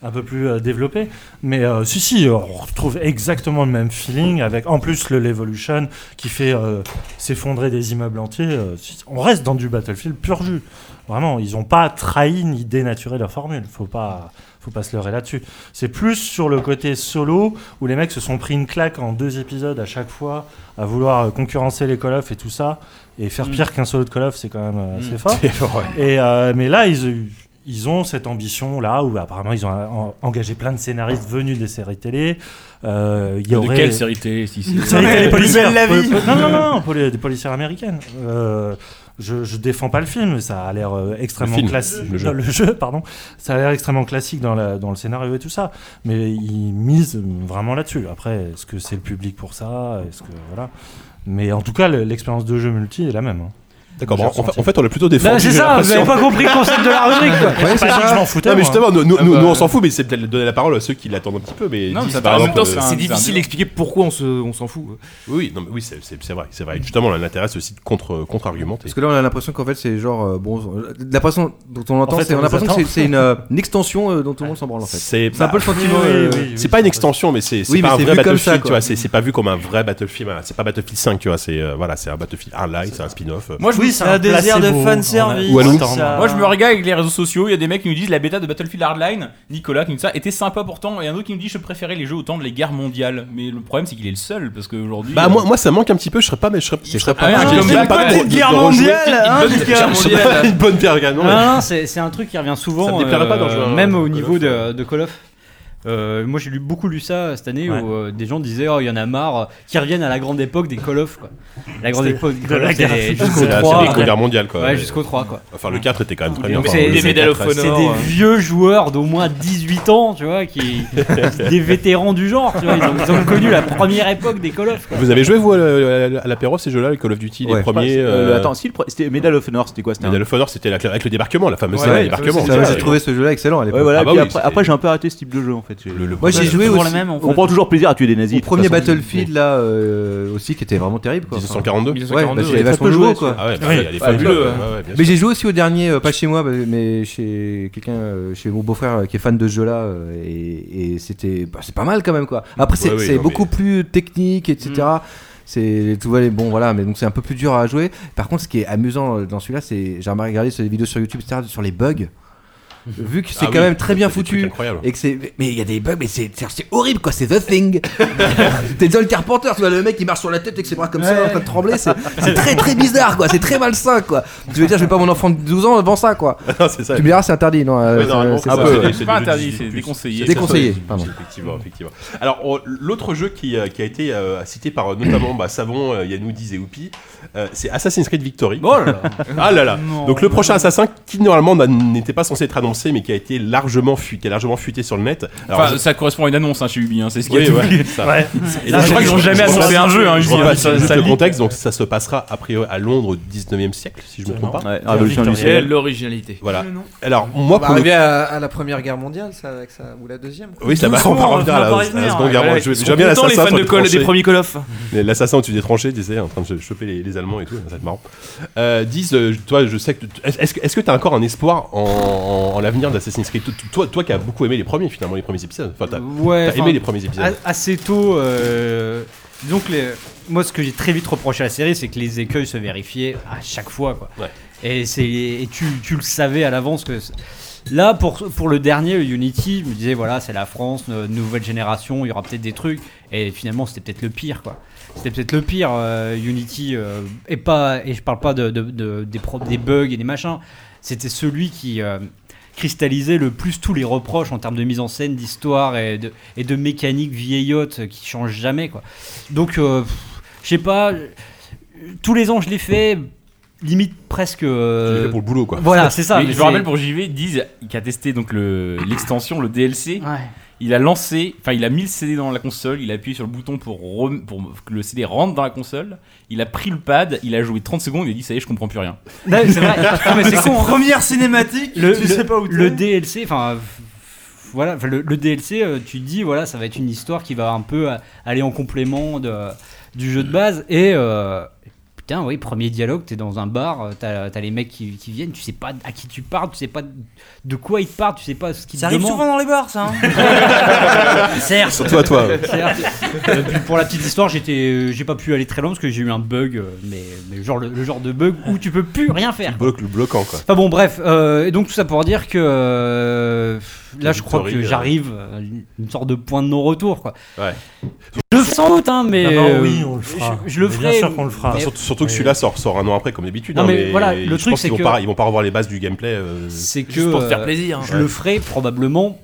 Speaker 8: un peu plus euh, développé. Mais euh, si, si, on retrouve exactement le même feeling avec en plus le Levolution qui fait euh, s'effondrer des immeubles entiers. euh, si- on reste dans du Battlefield pur jus. Vraiment, ils n'ont pas trahi ni dénaturé leur formule. Faut pas, faut pas se leurrer là-dessus. C'est plus sur le côté solo où les mecs se sont pris une claque en deux épisodes à chaque fois à vouloir euh, concurrencer les Call of et tout ça et faire
Speaker 2: Mm.
Speaker 8: pire qu'un solo de Call of, c'est quand même euh,
Speaker 2: Mm.
Speaker 8: assez fort.
Speaker 2: C'est vrai.
Speaker 8: Et euh, mais là, ils, ils ont cette ambition là où apparemment ils ont en- engagé plein de scénaristes venus des séries télé. Euh, il y
Speaker 7: De
Speaker 8: aurait...
Speaker 7: quelle série télé, si c'est-
Speaker 8: Une série
Speaker 7: Mais
Speaker 8: télé
Speaker 7: plus
Speaker 8: policière.
Speaker 7: belle la vie.
Speaker 8: Non, non, non, non, poli- des policières américaines. Euh, je, je défends pas le film, ça a l'air euh, extrêmement
Speaker 2: film,
Speaker 8: classique.
Speaker 2: le jeu.
Speaker 8: dans Le jeu, pardon. Ça a l'air extrêmement classique dans, la- dans le scénario et tout ça. Mais ils misent vraiment là-dessus. Après, est-ce que c'est le public pour ça Est-ce que voilà. Mais en tout cas, le- l'expérience de jeu multi est la même. hein.
Speaker 2: D'accord,
Speaker 8: J'ai
Speaker 2: bon, en
Speaker 8: ressenti.
Speaker 2: fait- en fait, on l'a plutôt défendu,
Speaker 8: Non, Bah, C'est
Speaker 2: j'ai
Speaker 8: ça, vous
Speaker 2: l'impression.
Speaker 8: n'avez pas compris le concept de la rubrique. quoi.
Speaker 2: Ouais,
Speaker 8: J'ai
Speaker 2: c'est
Speaker 8: pas dit que
Speaker 2: ça.
Speaker 8: Je m'en foutais.
Speaker 2: Non, mais
Speaker 8: moi.
Speaker 2: justement, nous, nous-
Speaker 10: Ah
Speaker 2: nous,
Speaker 10: bah.
Speaker 2: on s'en fout, mais c'est peut-être donner la parole à ceux qui l'attendent un petit peu. Mais
Speaker 10: Non, mais
Speaker 2: disent,
Speaker 10: ça
Speaker 2: par
Speaker 10: va, en même
Speaker 2: exemple,
Speaker 10: temps, c'est-
Speaker 2: euh,
Speaker 10: c'est difficile d'expliquer pourquoi on se- on s'en fout.
Speaker 2: Oui, non, mais oui, c'est- c'est c'est vrai, c'est vrai. Justement, là, l'intérêt, c'est aussi de contre, contre-argumenter.
Speaker 5: Parce que là, on a l'impression qu'en fait, c'est genre. euh, bon, euh, la façon dont on l'entend,
Speaker 2: En fait,
Speaker 5: c'est,
Speaker 2: on
Speaker 5: on a
Speaker 2: nous
Speaker 5: l'impression que
Speaker 2: attend.
Speaker 5: c'est, c'est une, euh, une extension euh, dont tout le monde s'en branle en fait.
Speaker 2: C'est bah,
Speaker 5: un peu le sentiment. euh,
Speaker 2: c'est pas une extension, mais c'est c'est
Speaker 5: Oui,
Speaker 2: pas
Speaker 5: mais
Speaker 2: un
Speaker 5: c'est
Speaker 2: vrai
Speaker 5: vu comme
Speaker 2: Battlefield,
Speaker 5: ça,
Speaker 2: tu
Speaker 5: quoi.
Speaker 2: vois. C'est c'est pas vu comme un vrai Battlefield. hein. C'est pas Battlefield 5, tu vois. C'est euh, voilà, c'est un Battlefield Hardline, c'est un spin-off.
Speaker 7: Moi, je me
Speaker 12: oui, c'est un désir de fanservice. ça-
Speaker 7: Moi, je me régale avec les réseaux sociaux. Il y a des mecs qui nous disent la bêta de Battlefield Hardline, Nicolas qui nous dit ça, était sympa pourtant. Et un autre qui nous dit je préférais les jeux au temps de les guerres mondiales. Mais le problème, c'est qu'il est le seul parce euh, qu'aujourd'hui.
Speaker 2: Bah moi, moi ça manque un petit peu, je serais pas mais je serais, je serais pas
Speaker 7: Ah,
Speaker 2: mal.
Speaker 7: ouais,
Speaker 2: J'aime
Speaker 7: c'est
Speaker 2: pas
Speaker 7: le
Speaker 2: trop
Speaker 7: côté de
Speaker 2: de- de
Speaker 7: guerre
Speaker 2: rejouer.
Speaker 7: mondiale, hein,
Speaker 2: Une bonne
Speaker 7: guerre
Speaker 2: guerre mondiale. Une bonne guerre gagnante.
Speaker 13: Non, non, c'est c'est un truc qui revient souvent.
Speaker 2: Ça me déplairait pas d'en
Speaker 13: euh,
Speaker 2: jouer un
Speaker 13: Même
Speaker 2: Call
Speaker 13: au
Speaker 2: of.
Speaker 13: niveau de, de Call of. Euh, moi j'ai lu beaucoup lu ça euh, cette année
Speaker 2: Ouais.
Speaker 13: où euh, des gens disaient oh il y en a marre euh, qui reviennent à la grande époque des Call of quoi. La grande
Speaker 2: C'était
Speaker 13: époque
Speaker 2: de
Speaker 13: des Call
Speaker 2: la
Speaker 13: of
Speaker 2: guerre.
Speaker 13: c'était jusqu'au
Speaker 2: C'est la-
Speaker 13: 3
Speaker 2: c'est les guerres mondiales, quoi.
Speaker 13: Ouais, jusqu'au 3 quoi.
Speaker 2: Enfin, le 4 était quand même très bien.
Speaker 13: Mais
Speaker 2: Enfin,
Speaker 13: c'est-
Speaker 2: le
Speaker 13: c'est-
Speaker 2: Medal of
Speaker 13: C'est
Speaker 2: Honor,
Speaker 13: des
Speaker 2: euh.
Speaker 13: vieux joueurs d'au moins 18 ans tu vois qui des vétérans du genre tu vois ils ont, ils ont connu la première époque des Call of quoi.
Speaker 2: Vous avez joué vous à l- à l'apéro ces jeux-là, le Call of Duty, les
Speaker 13: Ouais.
Speaker 2: premiers
Speaker 13: Euh,
Speaker 10: attends, si, le pre- c'était Medal of Honor, c'était quoi c'était
Speaker 2: Medal of Honor, c'était la- avec le débarquement, la fameuse
Speaker 10: Ouais,
Speaker 2: scène
Speaker 10: ouais,
Speaker 2: du débarquement.
Speaker 10: ça, c'est- j'ai trouvé
Speaker 5: ce jeu-là excellent à
Speaker 10: Ouais, voilà,
Speaker 2: Ah bah
Speaker 10: puis
Speaker 2: oui,
Speaker 10: après, après, j'ai un peu arrêté ce type de jeu en fait.
Speaker 5: Moi, j'ai joué Toujours aussi- le même, en
Speaker 10: on
Speaker 5: fait.
Speaker 10: prend toujours plaisir à tuer des nazis. de
Speaker 5: Le
Speaker 10: toute
Speaker 5: premier
Speaker 10: façon.
Speaker 5: Battlefield là euh, aussi qui était vraiment terrible quoi.
Speaker 10: 1942.
Speaker 5: Ouais, bah,
Speaker 10: 1942,
Speaker 5: j'y
Speaker 10: ouais,
Speaker 5: avais
Speaker 10: très
Speaker 5: vachement
Speaker 10: peu
Speaker 5: joué
Speaker 10: joué,
Speaker 5: quoi.
Speaker 10: ça. Ah ouais, bah, il est fabuleux, ouais, ouais, ouais, bien
Speaker 5: Mais
Speaker 10: sûr.
Speaker 5: j'ai joué aussi au dernier, euh, pas chez moi, bah, mais chez quelqu'un, euh, chez mon beau-frère euh, qui est fan de ce jeu là et, et c'était, bah, c'est pas mal quand même quoi. Après c'est
Speaker 2: Ouais, ouais,
Speaker 5: c'est
Speaker 2: non,
Speaker 5: beaucoup plus technique etc. Mm. C'est tout va bon voilà mais donc c'est un peu plus dur à jouer. Par contre ce qui est amusant euh, dans celui-là c'est j'ai regardé sur les vidéos sur YouTube etc. sur les bugs. Vu que c'est
Speaker 2: Ah
Speaker 5: quand
Speaker 2: oui,
Speaker 5: même très bien
Speaker 2: c'est des
Speaker 5: foutu
Speaker 2: trucs incroyables.
Speaker 5: et que c'est mais il y a des bugs mais c'est c'est- c'est horrible quoi c'est The Thing. T'es John Carpenter tu vois le mec qui marche sur la tête avec ses bras comme ça en train de trembler c'est c'est très très bizarre quoi c'est très malsain quoi. Je veux dire je vais pas mon enfant de 12 ans devant ça quoi.
Speaker 2: ça.
Speaker 5: Tu me diras c'est interdit non euh,
Speaker 2: Ouais, normalement,
Speaker 5: c'est-
Speaker 2: c'est ça.
Speaker 5: c'est-
Speaker 2: C'est-
Speaker 5: c'est-
Speaker 2: des
Speaker 7: pas
Speaker 2: jeux
Speaker 7: interdit,
Speaker 2: 18+,
Speaker 7: c'est déconseillé.
Speaker 5: Déconseillé, pardon.
Speaker 2: Effectivement, effectivement. Alors, on- l'autre jeu qui, euh, qui a été euh, cité par euh, notamment bah, Savon, euh, Yanou, Diz et Oupi, euh, c'est Assassin's Creed Victory. Oh là là Ah là là
Speaker 11: Non.
Speaker 2: Donc, le prochain Assassin qui, normalement, n'a- n'était pas censé être annoncé, mais qui a été largement, fu- qui a largement fuité sur le net. Alors,
Speaker 7: Enfin,
Speaker 2: je-
Speaker 7: ça correspond à une annonce hein, chez Ubi, hein, c'est ce qu'il y
Speaker 2: Oui,
Speaker 7: a.
Speaker 2: ouais,
Speaker 7: tout-
Speaker 2: ça.
Speaker 7: Et donc, je crois qu'ils ont jamais annoncé un jeu, hein,
Speaker 2: Je
Speaker 7: Ubi. hein,
Speaker 2: repasse
Speaker 7: ça-
Speaker 2: juste
Speaker 7: ça
Speaker 2: le
Speaker 7: lit.
Speaker 2: contexte, donc ça se passera a priori à Londres au 19e siècle, si je me trompe pas.
Speaker 10: Ouais, révolution industrielle. Bah,
Speaker 11: L'originalité.
Speaker 2: Voilà.
Speaker 11: Le nom.
Speaker 2: Alors, moi,
Speaker 18: on va
Speaker 2: pour le
Speaker 18: arriver à, à la première guerre mondiale, ça, avec ça, ou la deuxième. quoi.
Speaker 2: Oui, ça va, on va revenir à la, à la seconde guerre mondiale. J'aime bien l'assassin. entre les tranchées. Mais L'assassin au-dessus des tranchées, tu sais, en train de choper les, les Allemands et tout, ça va être marrant. Euh, Diz, euh, toi, je sais que. tu- Est-ce que- est-ce que tu as encore un espoir en, en- en l'avenir d'Assassin's Creed toi, toi, toi qui as beaucoup aimé les premiers, finalement, les premiers épisodes. Enfin, t'as t'as
Speaker 13: enfin, ah,
Speaker 2: aimé les premiers épisodes.
Speaker 13: a- Assez tôt. euh, disons que les- moi, ce que j'ai très vite reproché à la série, c'est que les écueils se vérifiaient à chaque fois. Quoi. Et, c'est- et tu, tu le savais à l'avance que. c'est- Là, pour, pour le dernier, le Unity, je me disais, voilà, c'est la France, no- nouvelle génération, il y aura peut-être des trucs. Et finalement, c'était peut-être le pire, quoi. C'était peut-être le pire, euh, Unity. euh, et, pas, et je parle pas de, de- de- des, pro- des bugs et des machins. C'était celui qui. euh, cristallisait le plus tous les reproches en termes de mise en scène, d'histoire et de, et de mécanique vieillotte qui change jamais. Quoi. Donc, euh, pff, je sais pas, euh, tous les ans je l'ai fait, limite presque.
Speaker 2: Tu l'as
Speaker 13: euh,
Speaker 2: fait pour le boulot, quoi.
Speaker 13: Voilà, c'est ça.
Speaker 7: Mais
Speaker 13: mais
Speaker 7: je
Speaker 13: c'est-
Speaker 7: me rappelle pour JV, disent qui a testé donc le l'extension, le DLC. Il a lancé, enfin il a mis le CD dans la console, il a appuyé sur le bouton pour, rem- pour que le CD rentre dans la console, il a pris le pad, il a joué 30 secondes, il a dit ça y est, je comprends plus rien.
Speaker 13: Non, mais Bah c'est vrai. Non, mais c'est con, hein.
Speaker 12: Première cinématique,
Speaker 13: le,
Speaker 12: tu
Speaker 13: le-
Speaker 12: sais pas où t'es.
Speaker 13: le DLC, enfin. f- f- Voilà, enfin, le, le DLC, euh, tu te dis, voilà, ça va être une histoire qui va un peu euh, aller en complément de- du jeu de base. Et euh, putain, oui, premier dialogue, t'es dans un bar, euh, t'as t'as les mecs qui, qui viennent, tu sais pas à qui tu parles, tu sais pas de quoi ils te parlent, tu sais pas ce qu'ils te
Speaker 12: Ça arrive
Speaker 13: demandent.
Speaker 12: souvent dans les bars, ça. hein.
Speaker 13: Certes.
Speaker 2: Surtout à toi.
Speaker 13: Certes. Euh, puis pour la petite histoire, j'étais, euh, j'ai pas pu aller très loin parce que j'ai eu un bug, euh, mais, mais genre le, le genre de bug où tu peux plus rien faire.
Speaker 2: Le bloc- le bloquant, quoi.
Speaker 13: Enfin bon, bref. euh, et donc tout ça pour dire que euh, là, je crois que
Speaker 2: Victory, euh,
Speaker 13: j'arrive à une sorte de point de non-retour, quoi.
Speaker 2: Ouais.
Speaker 13: Je le fais sans doute, hein, mais
Speaker 2: Non, non,
Speaker 13: euh,
Speaker 2: oui, on
Speaker 8: le
Speaker 13: je-
Speaker 8: fera.
Speaker 13: Je, le
Speaker 8: Mais
Speaker 13: ferai.
Speaker 8: bien sûr qu'on le fera.
Speaker 13: mais-
Speaker 2: Surtout, surtout que celui-là sort, sort un an après, comme d'habitude.
Speaker 13: Non,
Speaker 2: hein,
Speaker 13: mais voilà,
Speaker 2: je
Speaker 13: le
Speaker 2: pense
Speaker 13: truc,
Speaker 2: qu'ils
Speaker 13: c'est
Speaker 2: vont
Speaker 13: que-
Speaker 2: pas- ils vont pas revoir les bases du gameplay. euh,
Speaker 13: c'est que euh, Je
Speaker 2: Ouais.
Speaker 13: le ferai probablement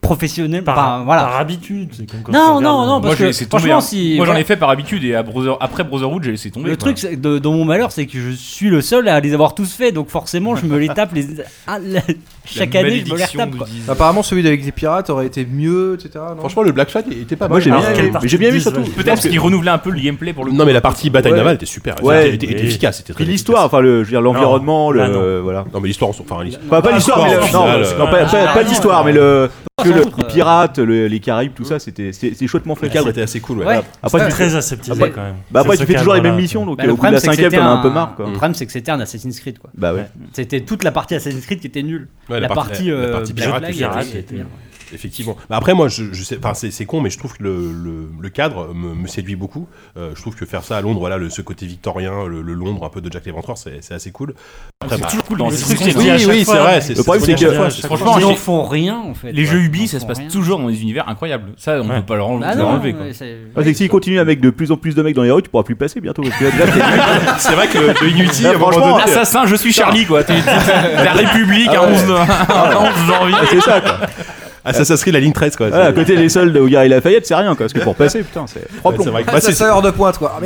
Speaker 13: professionnel par, voilà.
Speaker 8: par habitude. C'est comme quand
Speaker 13: non,
Speaker 8: tu
Speaker 13: non,
Speaker 8: regardes-
Speaker 13: non, parce
Speaker 7: Moi, j'ai
Speaker 13: que
Speaker 7: laissé tomber,
Speaker 13: franchement,
Speaker 7: hein.
Speaker 13: si
Speaker 7: Moi j'en ai
Speaker 13: voilà.
Speaker 7: fait par habitude et à Brother- après Brotherhood j'ai laissé tomber.
Speaker 13: Le
Speaker 7: quoi.
Speaker 13: truc, c'est- de- dans mon malheur, c'est que je suis le seul à les avoir tous faits, donc forcément, je me les tape les... ah, la- chaque année, je me les retape. quoi.
Speaker 5: Apparemment celui d'avec les pirates aurait été mieux etc. non
Speaker 2: Franchement, le Black Flag était pas mal. Ah,
Speaker 5: Moi, j'ai bien-
Speaker 2: Alors,
Speaker 5: j'ai bien aimé surtout.
Speaker 7: Peut-être
Speaker 5: que-
Speaker 7: qu'il renouvelait un peu le gameplay pour le
Speaker 2: Non, mais la partie bataille
Speaker 10: Ouais.
Speaker 2: navale était super. Elle
Speaker 10: Ouais.
Speaker 2: était, était- était
Speaker 10: Et-
Speaker 2: efficace. C'était très
Speaker 10: Puis l'histoire, enfin, le, je veux dire, l'environnement, le,
Speaker 2: Ah, non.
Speaker 10: euh, voilà.
Speaker 2: Non, mais l'histoire, on s'en- enfin, Ah, l'histoire. Ah,
Speaker 10: Pas, pas l'histoire, mais le- non,
Speaker 2: euh,
Speaker 10: non, pas, pas- pas l'histoire, mais le, parce que le- les pirates, le- les Caraïbes, tout ça, c'était, c'était, c'était chouettement fait.
Speaker 2: Le cadre était assez cool, Ah, ouais. Ouais.
Speaker 10: tu-
Speaker 8: C'était très aseptisé,
Speaker 10: après-
Speaker 8: quand même.
Speaker 10: Bah après,
Speaker 8: C'est ce
Speaker 10: tu fais toujours les mêmes
Speaker 8: cadre-là,
Speaker 10: missions,
Speaker 8: tu
Speaker 10: donc
Speaker 13: Bah,
Speaker 10: euh, au bout de la cinquième, t'en as un peu marre,
Speaker 11: Mm.
Speaker 10: quoi. Mm.
Speaker 13: Le problème, c'est que c'était un Assassin's Creed. Quoi.
Speaker 10: Bah ouais.
Speaker 13: C'était toute la partie Assassin's Creed qui était nulle.
Speaker 10: Ouais, la
Speaker 13: la,
Speaker 10: partie-
Speaker 13: partie,
Speaker 10: la
Speaker 13: euh,
Speaker 10: partie
Speaker 13: Black
Speaker 10: pirate,
Speaker 13: Flag
Speaker 10: pirate,
Speaker 13: était-
Speaker 10: était-
Speaker 13: était-
Speaker 2: Effectivement. Bah après, moi, je, je sais, enfin, c'est, c'est con, mais je trouve que le, le- le cadre me, me séduit beaucoup. Euh, je trouve que faire ça à Londres, voilà, le, ce côté victorien, le, le Londres un peu de Jack l'Éventreur, c'est, c'est assez cool.
Speaker 7: C'est toujours cool dans
Speaker 2: le
Speaker 7: ces
Speaker 2: truc,
Speaker 7: trucs, c'est
Speaker 2: Oui,
Speaker 7: à chaque
Speaker 2: oui,
Speaker 7: fois.
Speaker 2: c'est vrai. c'est-
Speaker 7: Le problème,
Speaker 2: c'est
Speaker 7: c'est
Speaker 2: à chaque fois,
Speaker 7: que,
Speaker 2: c'est-
Speaker 7: franchement,
Speaker 9: Ils en
Speaker 7: j'ai-
Speaker 9: font rien, en fait.
Speaker 7: Les
Speaker 9: Ouais,
Speaker 7: jeux
Speaker 9: ils
Speaker 7: Ubi,
Speaker 9: en
Speaker 7: ça se
Speaker 9: font
Speaker 7: passe
Speaker 9: rien.
Speaker 7: toujours dans des univers incroyables. Ça, on peut pas leur en-
Speaker 9: Bah
Speaker 7: leur
Speaker 9: non,
Speaker 7: enlever. quoi.
Speaker 9: ouais, c'est-
Speaker 11: Ah, c'est que s'il continue avec de plus en plus de mecs dans les rues, tu pourras plus passer bientôt. parce que là, déjà,
Speaker 2: C'est vrai que le- le Inuti,
Speaker 11: Là,
Speaker 2: à un moment
Speaker 11: franchement,
Speaker 2: donné,
Speaker 7: Assassin, je suis Charlie, quoi. T'es- t'es- La République, à
Speaker 11: Ah ouais.
Speaker 7: 11 de-
Speaker 11: Ah ouais.
Speaker 7: 11 janvier.
Speaker 11: Ah, c'est ça, quoi.
Speaker 2: Ah, ça, ça serait la ligne 13, quoi.
Speaker 11: Voilà, à
Speaker 2: C'est-
Speaker 11: côté des soldes au Gary Lafayette, c'est rien, quoi. Parce que pour passer, putain, c'est trois
Speaker 2: Ouais,
Speaker 11: plombs.
Speaker 2: c'est vrai que- bah, c'est-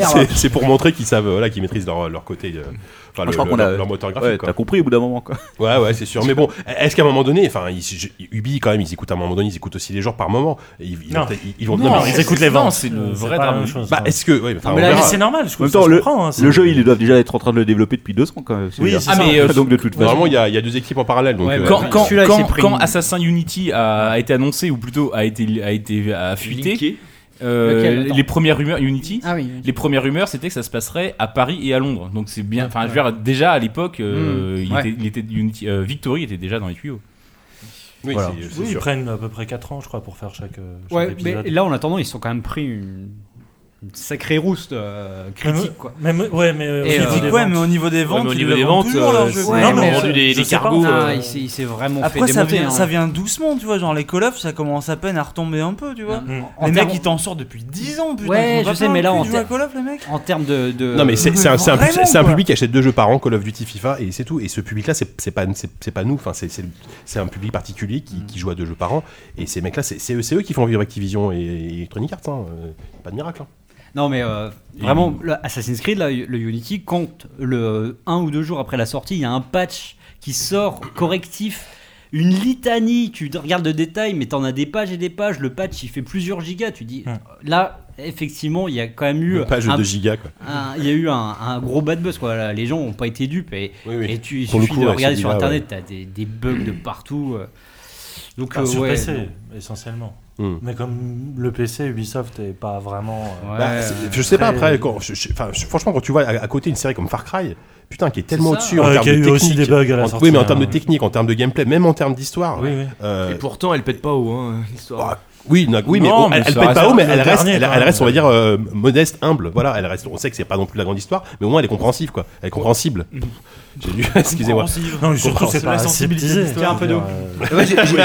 Speaker 2: C'est- C'est pour montrer qu'ils savent, voilà, qu'ils maîtrisent leur, leur côté, euh, enfin,
Speaker 11: Moi, je
Speaker 2: le-
Speaker 11: crois qu'on
Speaker 2: leur,
Speaker 11: a-
Speaker 2: leur moteur
Speaker 11: ouais,
Speaker 2: graphique.
Speaker 11: t'as compris au bout d'un moment, quoi.
Speaker 2: Ouais, ouais, c'est sûr. Mais bon, est-ce qu'à un moment donné, enfin, ils- je- Ubi quand même, ils écoutent à un moment donné, ils écoutent aussi les genres par moment. Et Ils, ils,
Speaker 8: Non.
Speaker 2: vont- ils- ils vont
Speaker 8: Non,
Speaker 2: mais-
Speaker 8: ils écoutent les
Speaker 2: Non,
Speaker 8: ventes.
Speaker 2: c'est
Speaker 8: Euh,
Speaker 2: le
Speaker 8: c'est
Speaker 2: vrai
Speaker 8: pas la
Speaker 2: drame.
Speaker 8: même chose,
Speaker 2: Bah,
Speaker 8: ouais.
Speaker 2: est-ce que, ouais, enfin,
Speaker 8: Non,
Speaker 2: on
Speaker 8: mais là,
Speaker 2: verra.
Speaker 8: c'est normal, je
Speaker 11: En
Speaker 8: trouve
Speaker 11: même
Speaker 8: ça
Speaker 11: temps,
Speaker 8: se
Speaker 11: le,
Speaker 8: comprend, hein, c'est-
Speaker 11: le jeu, ils doivent déjà être en train de le développer depuis deux ans, quand même. celui-là.
Speaker 7: c'est Ah, ça. mais, euh,
Speaker 11: donc de toute façon.
Speaker 2: Normalement, il y a, il y a deux équipes en parallèle. Donc,
Speaker 7: Ouais,
Speaker 2: euh,
Speaker 7: quand,
Speaker 2: oui.
Speaker 7: quand- quand- quand Assassin Unity a, a été annoncé, ou plutôt a été, a été a fuité, euh,
Speaker 9: Lequel, attends.
Speaker 7: les premières rumeurs Unity,
Speaker 9: Ah oui, oui.
Speaker 7: les premières rumeurs c'était que ça se passerait à Paris et à Londres. Donc c'est bien. Enfin, je veux dire, déjà à l'époque, euh,
Speaker 9: Hmm,
Speaker 8: Mm,
Speaker 7: il,
Speaker 8: ouais.
Speaker 7: était, il était- Unity, euh, Victory était déjà dans les tuyaux.
Speaker 2: Oui,
Speaker 7: Voilà.
Speaker 2: c'est-
Speaker 8: Oui, ils prennent à peu près 4 ans, je crois, pour faire chaque, euh, chaque
Speaker 13: Ouais,
Speaker 8: épisode.
Speaker 13: mais là, en attendant, ils sont quand même pris une, une sacrée rouste euh, critique, quoi.
Speaker 8: Même- même- ouais, mais, euh,
Speaker 13: Et,
Speaker 8: au niveau des ventes.
Speaker 13: ouais, mais
Speaker 12: ils le vendent toujours,
Speaker 10: euh,
Speaker 2: euh,
Speaker 12: leur jeu.
Speaker 13: ouais,
Speaker 12: Non,
Speaker 13: mais
Speaker 12: mais
Speaker 13: on-
Speaker 12: je- je sais pas.
Speaker 13: Ah, il s'est- il s'est vraiment
Speaker 12: Après,
Speaker 13: fait
Speaker 12: ça
Speaker 13: démonter,
Speaker 12: vient,
Speaker 13: hein.
Speaker 12: ça vient doucement, tu vois. Genre, les Call of, ça commence à peine à retomber un peu, tu vois.
Speaker 13: Mm. En
Speaker 12: Les mecs,
Speaker 13: termes-
Speaker 12: ils t'en sortent depuis 10 ans, putain. ils
Speaker 13: Ouais,
Speaker 12: sont
Speaker 13: je
Speaker 12: pas
Speaker 13: sais, mais là,
Speaker 12: pleins de
Speaker 13: en,
Speaker 12: cul, tu vois,
Speaker 13: ter-
Speaker 12: Call of, les mecs.
Speaker 13: en termes de, de-
Speaker 2: Non mais c'est c'est un, c'est un-
Speaker 12: Vraiment,
Speaker 2: c'est un
Speaker 12: quoi.
Speaker 2: public qui achète deux jeux par an, Call of Duty, FIFA, et c'est tout. Et ce public-là, c'est c'est pas, c'est- c'est pas nous. Enfin, c'est- c'est c'est un public particulier qui, qui joue à deux jeux par an. Et ces mecs-là, c'est c'est eux, c'est eux qui font vivre Activision et Electronic Arts. hein. Euh, Pas de miracle. hein.
Speaker 13: Non, mais euh, vraiment, le Assassin's Creed, là, le Unity, quand le, un ou deux jours après la sortie, il y a un patch qui sort correctif. Une litanie, tu regardes le détail, mais t'en as des pages et des pages. Le patch, il fait plusieurs gigas. Tu dis, là, effectivement, il y a quand même eu.
Speaker 2: Une page de
Speaker 13: un-
Speaker 2: 2 gigas, quoi.
Speaker 13: un- Il y a eu un, un gros bad buzz, quoi. Là, Les gens n'ont pas été dupes. Et, et tu il
Speaker 2: Pour le
Speaker 13: suffit
Speaker 2: coup,
Speaker 13: de
Speaker 2: ouais,
Speaker 13: regarder sur
Speaker 2: celui-là,
Speaker 13: internet, t'as des, des bugs de partout. euh. Donc,
Speaker 8: Enfin,
Speaker 13: euh,
Speaker 8: Ah, sur
Speaker 13: ouais,
Speaker 8: PC,
Speaker 13: non.
Speaker 8: essentiellement.
Speaker 2: Hmm.
Speaker 8: Mais comme le PC, Ubisoft est pas vraiment. euh,
Speaker 2: Bah, c'est- je sais pas
Speaker 8: très-
Speaker 2: après. Quand, je- je- enfin, je- franchement, quand tu vois à, à côté une série comme Far Cry, putain, qui est tellement
Speaker 8: ça.
Speaker 2: au-dessus en
Speaker 8: Ouais,
Speaker 2: termes
Speaker 8: qui a
Speaker 2: de
Speaker 8: eu aussi
Speaker 2: technique,
Speaker 8: des bugs à la
Speaker 2: en-
Speaker 8: sortie,
Speaker 2: oui, mais en
Speaker 8: hein.
Speaker 2: termes de technique, en termes de gameplay, même en termes d'histoire.
Speaker 8: Oui, oui.
Speaker 2: euh, Ah,
Speaker 10: Et pourtant, elle pète pas haut. Hein, l'histoire.
Speaker 2: Oui, non, oui, mais,
Speaker 10: Non,
Speaker 2: on-
Speaker 10: mais
Speaker 2: elle, elle
Speaker 10: ça
Speaker 2: pète
Speaker 10: reste
Speaker 2: pas haut, mais
Speaker 10: le
Speaker 2: elle reste,
Speaker 10: dernier,
Speaker 2: elle,
Speaker 10: quand
Speaker 2: elle
Speaker 10: même.
Speaker 2: reste, on va dire, euh, modeste, humble. Voilà, elle reste. On sait que c'est pas non plus la grande histoire, mais au moins elle est compréhensible, quoi. Elle est compréhensible.
Speaker 10: Mmh.
Speaker 2: J'ai dû, excusez-moi.
Speaker 12: Compréhensible. Non, mais surtout,
Speaker 2: Compréhensible.
Speaker 12: c'est pas aseptisé.
Speaker 2: Tiens,
Speaker 12: un peu d'eau.
Speaker 5: Ouais, j'ai- j'ai-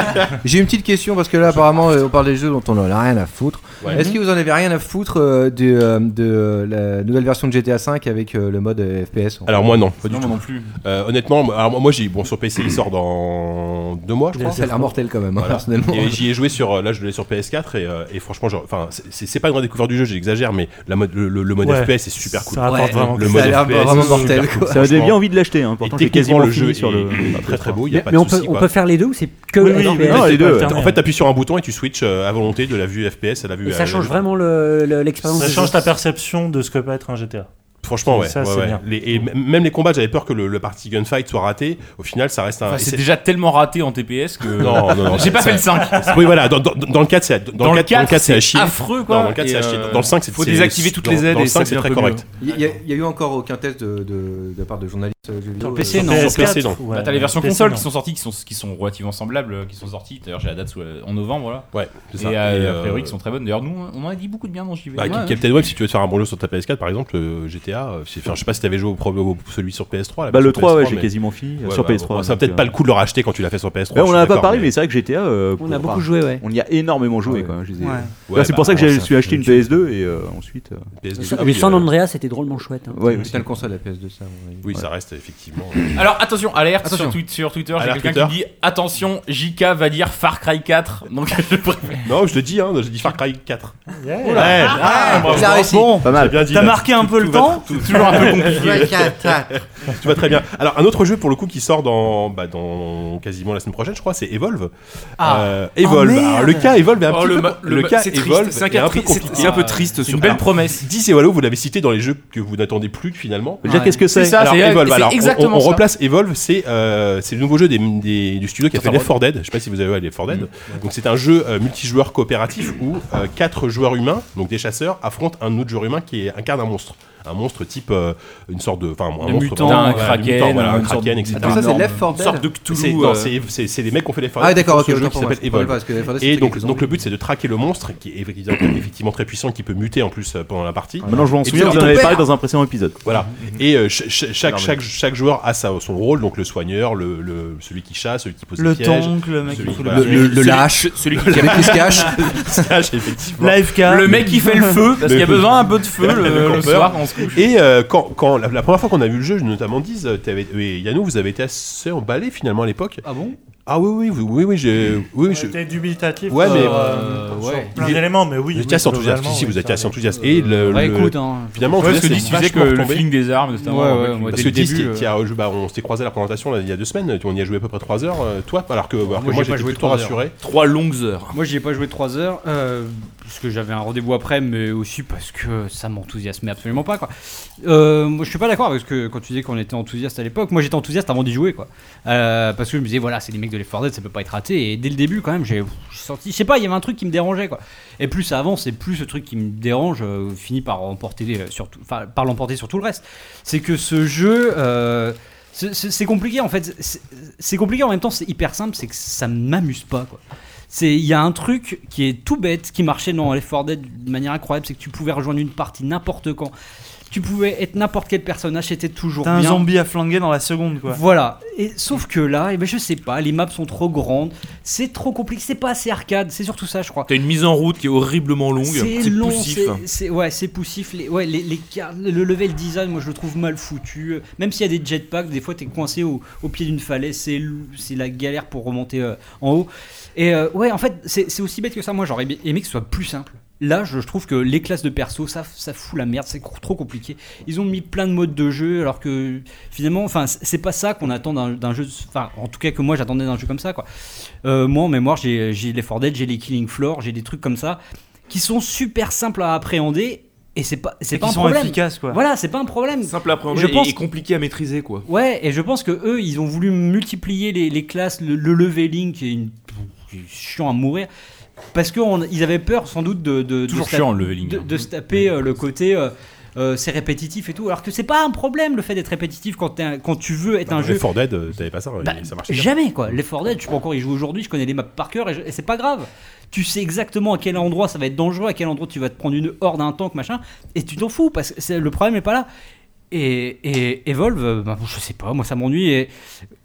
Speaker 5: J'ai une petite question parce que là apparemment euh, on parle des jeux dont on en a rien à foutre.
Speaker 2: Ouais.
Speaker 5: Est-ce que vous en avez rien à foutre euh, de, euh, de, euh, la nouvelle version de GTA V avec euh, le mode euh, FPS
Speaker 2: Alors moi non, pas du
Speaker 5: Non,
Speaker 2: tout.
Speaker 5: moi
Speaker 2: Euh, honnêtement, moi- alors moi j'ai bon sur PC il sort dans deux mois je
Speaker 5: Il
Speaker 2: crois.
Speaker 5: a l'air mortel quand même, hein, personnellement.
Speaker 2: Et j'y ai joué sur euh, là je l'ai sur PS4 et, euh, et franchement genre, enfin c'est- c'est c'est pas une redécouverte du jeu, j'exagère mais la mode le, le- le mode
Speaker 11: Ouais.
Speaker 2: FPS est super cool.
Speaker 11: Ça apporte
Speaker 2: Ouais.
Speaker 11: vraiment
Speaker 2: le
Speaker 11: quelque
Speaker 2: mode
Speaker 11: chose. Ça a l'air
Speaker 2: FPS,
Speaker 11: vraiment
Speaker 2: c'est super
Speaker 11: mortel,
Speaker 2: cool,
Speaker 11: quoi. Ça
Speaker 2: franchement.
Speaker 11: donne bien envie de l'acheter, hein.
Speaker 2: Et
Speaker 11: Pourtant, j'ai
Speaker 2: techniquement
Speaker 11: quasiment
Speaker 2: le
Speaker 11: fini
Speaker 2: jeu
Speaker 11: sur le-
Speaker 2: est très très beau, il y a
Speaker 4: Mais,
Speaker 2: pas
Speaker 4: mais
Speaker 2: de
Speaker 4: on, peut,
Speaker 2: souci,
Speaker 4: on
Speaker 2: quoi.
Speaker 4: peut faire les deux ou c'est que
Speaker 2: Oui,
Speaker 4: le
Speaker 2: oui,
Speaker 4: FPS?
Speaker 2: oui,
Speaker 11: Ah,
Speaker 2: non, les deux. En fait, t'appuies sur un bouton et tu switches euh, à volonté de la vue FPS à la vue.
Speaker 4: Et ça
Speaker 2: euh,
Speaker 4: change vraiment le- le- l'expérience.
Speaker 8: Ça
Speaker 4: du
Speaker 8: change
Speaker 4: jeu.
Speaker 8: ta perception de ce que peut être un GTA.
Speaker 2: Franchement, ouais.
Speaker 8: Ça,
Speaker 2: ouais,
Speaker 8: c'est
Speaker 2: ouais.
Speaker 8: bien.
Speaker 2: Les- et m- même les combats, j'avais peur que le, le party gunfight soit raté. Au final, ça reste un.
Speaker 7: Enfin,
Speaker 2: et Euh,
Speaker 7: c'est déjà tellement raté en TPS que.
Speaker 2: Non, non, non.
Speaker 7: J'ai pas
Speaker 2: ça-
Speaker 7: fait le 5.
Speaker 2: Oui, voilà. Dans, dans- dans le 4, c'est dans, le 4, dans le 4, c'est à chier.
Speaker 7: affreux, quoi.
Speaker 2: Non, dans le 4, c'est
Speaker 7: Et,
Speaker 2: à chier.
Speaker 7: euh,
Speaker 2: Dans le 5, c'est
Speaker 7: faut
Speaker 2: c'est-
Speaker 7: désactiver toutes
Speaker 2: dans-
Speaker 7: les aides
Speaker 2: Dans le
Speaker 7: et ça
Speaker 2: 5, c'est
Speaker 7: devient
Speaker 2: très
Speaker 7: un peu
Speaker 2: correct.
Speaker 5: Il y, a- il y a eu encore aucun test de, de, de part de journalistes euh, jeux vidéo.
Speaker 13: Sur
Speaker 5: euh,
Speaker 13: PC, non.
Speaker 7: Sur PS4, bah, t'as les versions
Speaker 5: PC,
Speaker 7: consoles
Speaker 5: non.
Speaker 7: qui sont sorties, qui sont, qui sont relativement semblables, euh, qui sont sorties. D'ailleurs, j'ai la date sous- euh, en novembre, là.
Speaker 2: Ouais, c'est ça.
Speaker 7: Et, euh,
Speaker 2: Et, euh,
Speaker 7: a priori, qui sont très bonnes. D'ailleurs, nous, on en a dit beaucoup de bien dans JV.
Speaker 2: Bah,
Speaker 7: Ouais, ouais.
Speaker 2: Captain Web, si tu veux te faire un bon jeu sur ta PS4, par exemple, euh, GTA, euh, c'est- enfin, je sais pas si t'avais joué au, pro- au- celui sur PS3. la
Speaker 11: Bah, le
Speaker 2: version
Speaker 11: 3, ouais,
Speaker 2: PS3,
Speaker 11: j'ai
Speaker 2: mais-
Speaker 11: quasiment fini, euh,
Speaker 2: Ouais,
Speaker 11: sur
Speaker 2: bah,
Speaker 11: PS3,
Speaker 2: bon, Ça va
Speaker 11: donc,
Speaker 2: peut-être
Speaker 11: euh,
Speaker 2: pas le coup de le racheter quand tu l'as fait sur
Speaker 11: Ouais,
Speaker 2: PS3. je
Speaker 11: on
Speaker 2: suis
Speaker 11: en a pas
Speaker 2: d'accord,
Speaker 11: parlé,
Speaker 2: mais-
Speaker 11: mais, c'est vrai que GTA. euh,
Speaker 2: On a
Speaker 11: pour-
Speaker 2: beaucoup
Speaker 11: enfin,
Speaker 2: joué, ouais.
Speaker 11: On y a énormément joué, quoi. je les ai-
Speaker 2: Ouais.
Speaker 11: Là,
Speaker 2: Ouais,
Speaker 11: c'est
Speaker 2: bah,
Speaker 11: pour ça que
Speaker 2: bon,
Speaker 11: j'ai- je
Speaker 2: ça
Speaker 11: suis acheté une PS2 et euh, ensuite. euh,
Speaker 2: PS2.
Speaker 4: Ah oui, San Andreas c'était drôlement chouette. hein.
Speaker 11: Ouais,
Speaker 5: Putain, le console, la PS2, ça. à mon avis.
Speaker 2: Oui,
Speaker 5: Ouais.
Speaker 2: ça reste effectivement.
Speaker 7: Alors attention, alerte
Speaker 5: Attention.
Speaker 7: Sur, Twi- sur Twitter, j'ai
Speaker 2: Alerte
Speaker 7: quelqu'un qui
Speaker 2: Twitter.
Speaker 7: dit attention, JK va dire Far Cry 4. Donc je préfère.
Speaker 2: Non, je te dis, hein, je dis Far Cry 4.
Speaker 8: Yeah.
Speaker 2: Ouais, ah, bravo.
Speaker 12: il a réussi.
Speaker 2: Bon,
Speaker 12: Pas mal.
Speaker 2: c'est bien dit,
Speaker 12: T'as
Speaker 2: là.
Speaker 12: marqué un peu le
Speaker 2: va
Speaker 12: temps
Speaker 2: tr- Toujours un peu
Speaker 12: Ouais,
Speaker 2: compliqué.
Speaker 12: quatre, quatre.
Speaker 2: tu vas très bien. Alors, un autre jeu pour le coup qui sort dans, bah, dans quasiment la semaine prochaine, je crois, c'est Evolve.
Speaker 7: Ah.
Speaker 2: Euh, Evolve.
Speaker 7: Oh, merde.
Speaker 2: Alors, le cas Evolve est un
Speaker 7: Oh,
Speaker 2: petit
Speaker 7: le
Speaker 2: peu-
Speaker 7: ma-
Speaker 2: le
Speaker 7: le ma-
Speaker 2: cas
Speaker 7: c'est triste.
Speaker 2: Evolve
Speaker 7: C'est un
Speaker 2: est un
Speaker 7: cas
Speaker 2: peu
Speaker 7: tri- c'est-
Speaker 2: compliqué.
Speaker 7: c'est un peu triste,
Speaker 2: C'est une
Speaker 7: surtout.
Speaker 2: belle
Speaker 7: Ah.
Speaker 2: promesse. 10 et Wallo, vous l'avez cité dans les jeux que vous n'attendez plus finalement.
Speaker 11: Déjà, Ouais. qu'est-ce que c'est
Speaker 2: C'est ça,
Speaker 11: Alors,
Speaker 2: c'est Evolve.
Speaker 11: c'est
Speaker 2: Alors, on- on,
Speaker 11: exactement
Speaker 2: on
Speaker 11: ça.
Speaker 2: replace Evolve, c'est euh, c'est le nouveau jeu des, des- du studio qui a fait
Speaker 11: Total
Speaker 2: Left 4 Dead. Je sais pas si vous avez vu Left 4 Dead.
Speaker 5: Mm.
Speaker 2: Donc, c'est un jeu euh, multijoueur coopératif où euh, quatre joueurs humains, donc des chasseurs, affrontent un autre joueur humain qui est- incarne un monstre. Un monstre monstre type euh, une sorte de, enfin, un
Speaker 7: De
Speaker 2: monstre
Speaker 7: mutant,
Speaker 2: voilà,
Speaker 7: un kraken,
Speaker 2: mutant, voilà, un
Speaker 7: une sorte
Speaker 2: kraken,
Speaker 7: de-
Speaker 2: etc.
Speaker 7: Attends, ça, c'est Left
Speaker 2: Une
Speaker 5: 4 Dead
Speaker 2: sorte de Cthulhu.
Speaker 5: C'est-
Speaker 2: euh,
Speaker 5: non.
Speaker 2: c'est- c'est c'est les mecs qui ont fait Left 4
Speaker 5: Ah,
Speaker 2: Dead
Speaker 5: d'accord,
Speaker 2: pour ce
Speaker 5: ok,
Speaker 2: jeu
Speaker 5: autant
Speaker 2: qui
Speaker 5: pour moi,
Speaker 2: s'appelle
Speaker 5: c'est pas mal,
Speaker 2: Evolve.
Speaker 5: parce que Left 4 Dead,
Speaker 2: Et
Speaker 5: c'était
Speaker 2: donc,
Speaker 5: quelques
Speaker 2: donc le but c'est de traquer le monstre qui est effectivement, effectivement très puissant, qui peut muter en plus euh, pendant la partie.
Speaker 11: Maintenant, je m'en
Speaker 2: Et
Speaker 11: souviens, vous
Speaker 2: puis,
Speaker 11: en avez
Speaker 2: ton
Speaker 11: parlé
Speaker 2: père.
Speaker 11: dans un précédent épisode.
Speaker 2: Voilà. Et euh, ch- ch- chaque,
Speaker 11: Énorme.
Speaker 2: chaque, chaque joueur a sa, son rôle, donc le soigneur, le, le- celui qui chasse, celui qui pose
Speaker 12: Le
Speaker 2: des pièges,
Speaker 12: tank, le mec qui
Speaker 2: celui,
Speaker 12: fout
Speaker 2: voilà.
Speaker 12: le- le- le lâche,
Speaker 2: celui
Speaker 12: le mec qui se cache.
Speaker 2: se cache, effectivement.
Speaker 12: Lifeguard.
Speaker 7: Le mec qui fait le feu, parce qu'il y a besoin un peu de feu le- le
Speaker 2: campeur.
Speaker 7: soir, on se couche.
Speaker 2: Et euh, quand, quand la, la première fois qu'on a vu le jeu, je notamment dise, euh, t'avais- et Yannou, vous avez été assez emballé finalement à l'époque.
Speaker 13: Ah bon
Speaker 2: Ah oui, oui, oui, oui, oui, j'ai. Oui, oui, je-
Speaker 8: T'es dubitatif.
Speaker 2: Ouais, mais.
Speaker 8: euh, sur plein d'éléments, mais oui.
Speaker 2: Vous
Speaker 8: oui,
Speaker 2: étiez assez enthousiaste.
Speaker 8: globalement,
Speaker 2: Si, si,
Speaker 8: oui,
Speaker 2: vous étiez
Speaker 8: ça
Speaker 2: assez
Speaker 8: va.
Speaker 2: enthousiaste. Et le.
Speaker 8: Ouais,
Speaker 2: le-
Speaker 8: écoute, hein,
Speaker 2: Finalement,
Speaker 8: Ouais, parce que
Speaker 2: enthousiasme
Speaker 7: tu disais
Speaker 2: est
Speaker 7: que
Speaker 2: vachement
Speaker 7: le
Speaker 2: retombé.
Speaker 7: feeling des armes, notamment, Bah, Ouais, ouais, ouais, moi,
Speaker 2: Parce
Speaker 7: dès
Speaker 2: que
Speaker 7: le
Speaker 2: Dis, qui-
Speaker 8: euh,
Speaker 7: début,
Speaker 2: qui a rejoué- bah, on s'était croisé à la présentation là, il y a deux semaines, on y a joué à peu près trois heures. euh, Toi, alors que alors que moi,
Speaker 13: j'ai
Speaker 2: j'étais plutôt
Speaker 13: trois heures.
Speaker 2: rassuré.
Speaker 13: Moi, j'y ai pas joué 3 heures, euh, parce que j'avais un rendez-vous après, mais aussi parce que ça m'enthousiasmait absolument pas. Quoi. Euh, moi, je suis pas d'accord avec ce que quand tu disais qu'on était enthousiaste à l'époque. Moi, j'étais enthousiaste avant d'y jouer, quoi. Euh, parce que je me disais, voilà, c'est les mecs de Left 4 Dead, ça peut pas être raté. Et dès le début, quand même, j'ai j'ai senti, je sais pas, il y avait un truc qui me dérangeait, quoi. Et plus ça avance, et plus ce truc qui me dérange euh, finit par emporter, euh, sur tout- enfin, par l'emporter sur tout le reste. C'est que ce jeu. euh, c'est- c'est c'est compliqué en fait, C'est- c'est compliqué en même temps, c'est hyper simple, c'est que ça m'amuse pas quoi. C'est il y a un truc qui est tout bête qui marchait dans Left 4 Dead de manière incroyable, c'est que tu pouvais rejoindre une partie n'importe quand. Tu pouvais être n'importe quel personnage, c'était toujours
Speaker 12: T'as un
Speaker 13: bien.
Speaker 12: zombie à flinguer dans la seconde, quoi.
Speaker 13: Voilà. Et sauf que là, eh ben, je sais pas, les maps sont trop grandes, c'est trop compliqué, c'est pas assez arcade, c'est surtout ça, je crois.
Speaker 11: T'as une mise en route qui est horriblement longue.
Speaker 13: C'est long,
Speaker 11: poussif.
Speaker 13: c'est- c'est ouais, c'est poussif. Les, ouais, les, les car- le level design, moi je le trouve mal foutu. Même s'il y a des jetpacks, des fois t'es coincé au, au pied d'une falaise, c'est lou- c'est la galère pour remonter euh, en haut. Et euh, ouais, en fait, c'est c'est aussi bête que ça. Moi j'aurais aimé- aimé que ce soit plus simple. Là, je je trouve que les classes de perso, ça, ça fout la merde, c'est cro- trop compliqué. Ils ont mis plein de modes de jeu, alors que finalement, enfin, c'est c'est pas ça qu'on attend d'un d'un jeu. de- Enfin, en tout cas que moi j'attendais d'un jeu comme ça, quoi. Euh, moi en mémoire, j'ai j'ai les 4 Dead, j'ai les Killing Floor, j'ai des trucs comme ça qui sont super simples à appréhender et c'est pas c'est
Speaker 12: Et
Speaker 13: pas
Speaker 12: qui
Speaker 13: un
Speaker 12: sont
Speaker 13: problème.
Speaker 12: efficaces, quoi.
Speaker 13: Voilà, c'est pas un problème. Simple
Speaker 11: à appréhender et- et compliqué à maîtriser quoi.
Speaker 13: Ouais, et je pense que eux, ils ont voulu multiplier les, les classes, le, le leveling qui est, une- qui est chiant à mourir. Parce qu'ils avaient peur sans doute de, de, de
Speaker 7: Toujours
Speaker 13: se ta-
Speaker 7: chiant, le leveling,
Speaker 13: de,
Speaker 7: hein.
Speaker 13: de se taper euh, le côté euh, euh, c'est répétitif et tout. Alors que c'est pas un problème le fait d'être répétitif quand, t'es un- quand tu veux être un
Speaker 2: Dans
Speaker 13: jeu.
Speaker 2: Left 4 Dead, euh, t'avais pas ça,
Speaker 13: Bah,
Speaker 2: ça marchait bien.
Speaker 13: jamais quoi. Les 4 Dead, je peux encore y jouer aujourd'hui, je connais les maps par cœur et, je- et c'est pas grave. Tu sais exactement à quel endroit ça va être dangereux, à quel endroit tu vas te prendre une horde, un tank, machin, et tu t'en fous parce que c'est- le problème est pas là. Et, et Evolve, euh, bah, je sais pas, moi ça m'ennuie et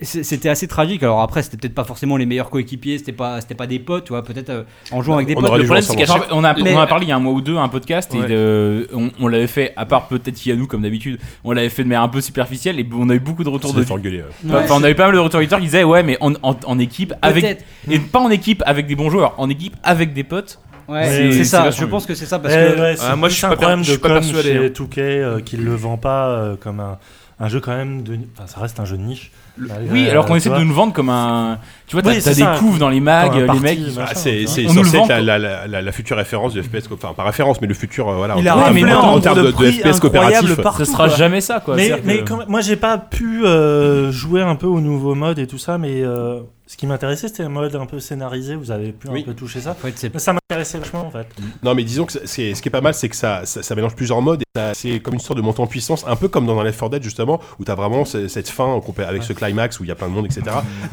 Speaker 13: c'est- c'était assez tragique. Alors après, c'était peut-être pas forcément les meilleurs coéquipiers, c'était pas, c'était pas des potes, tu vois, peut-être euh, en jouant avec des potes.
Speaker 7: Le problème, c'est qu'à chaque- on, a,
Speaker 13: Mais-
Speaker 7: on en a parlé il y a un mois ou deux, un podcast, et
Speaker 13: Ouais.
Speaker 7: euh, on, on l'avait fait, à part peut-être Yannou comme d'habitude, on l'avait fait de manière un peu superficielle, et on a eu beaucoup de retours
Speaker 2: Ça
Speaker 7: de.
Speaker 2: s'est fait engueuler, ouais.
Speaker 7: Enfin,
Speaker 2: Ouais,
Speaker 7: on
Speaker 2: c'est-
Speaker 7: a eu pas mal de retours auditeurs qui disaient, ouais, mais en, en- en équipe, avec.
Speaker 13: Peut-être.
Speaker 7: Et pas en équipe avec des bons joueurs, en équipe avec des potes.
Speaker 13: Ouais, c'est- c'est ça, je pense que c'est ça, parce
Speaker 8: Eh
Speaker 13: que-
Speaker 8: ouais, c'est
Speaker 7: Ah, moi,
Speaker 8: plus
Speaker 7: je suis
Speaker 8: un
Speaker 7: pas per-
Speaker 8: problème
Speaker 7: je
Speaker 8: de
Speaker 7: suis pas
Speaker 8: com
Speaker 7: persuadé,
Speaker 8: chez
Speaker 7: hein.
Speaker 8: Touquet euh, qui le vend pas euh, comme un, un jeu quand même de. enfin, ça reste un jeu de niche. malgré,
Speaker 7: Oui, alors qu'on
Speaker 8: euh, tu
Speaker 7: essaie de
Speaker 8: vois.
Speaker 7: nous le vendre comme un. Tu vois, t'as
Speaker 8: Oui,
Speaker 7: t'as
Speaker 8: c'est
Speaker 7: des
Speaker 8: ça.
Speaker 7: couves dans les mags, euh,
Speaker 8: Comme un
Speaker 7: les
Speaker 8: parti,
Speaker 7: mecs.
Speaker 8: machin,
Speaker 2: Ah, c'est c'est
Speaker 7: on nous le
Speaker 2: censé
Speaker 7: vend
Speaker 2: être la, la- la- la- la future référence du FPS, enfin pas référence, mais le futur, euh, voilà,
Speaker 8: Il a
Speaker 2: en,
Speaker 8: raflé
Speaker 2: en-
Speaker 8: un
Speaker 2: en
Speaker 8: nombre
Speaker 2: termes
Speaker 8: de
Speaker 2: de, de
Speaker 8: prix
Speaker 2: FPS
Speaker 8: incroyable
Speaker 2: coopératif.
Speaker 8: partout, quoi. Mais,
Speaker 2: C'est-à-dire
Speaker 8: mais
Speaker 2: que-
Speaker 8: quand même, moi, j'ai pas pu euh, jouer un peu au nouveau mode et tout ça, mais euh, ce qui m'intéressait, c'était un mode un peu scénarisé. Vous avez pu
Speaker 2: Oui.
Speaker 8: un peu toucher ça.
Speaker 13: Mais
Speaker 8: ça m'intéressait vachement, en fait.
Speaker 2: Non, mais disons que c'est- c'est- ce qui est pas mal, c'est que ça, ça, ça mélange plusieurs modes. et ça- C'est comme une sorte de montée en puissance, un peu comme dans un Left 4 Dead justement, où t'as vraiment ce- cette fin qu'on peut- avec ce climax où il y a plein de monde, etc.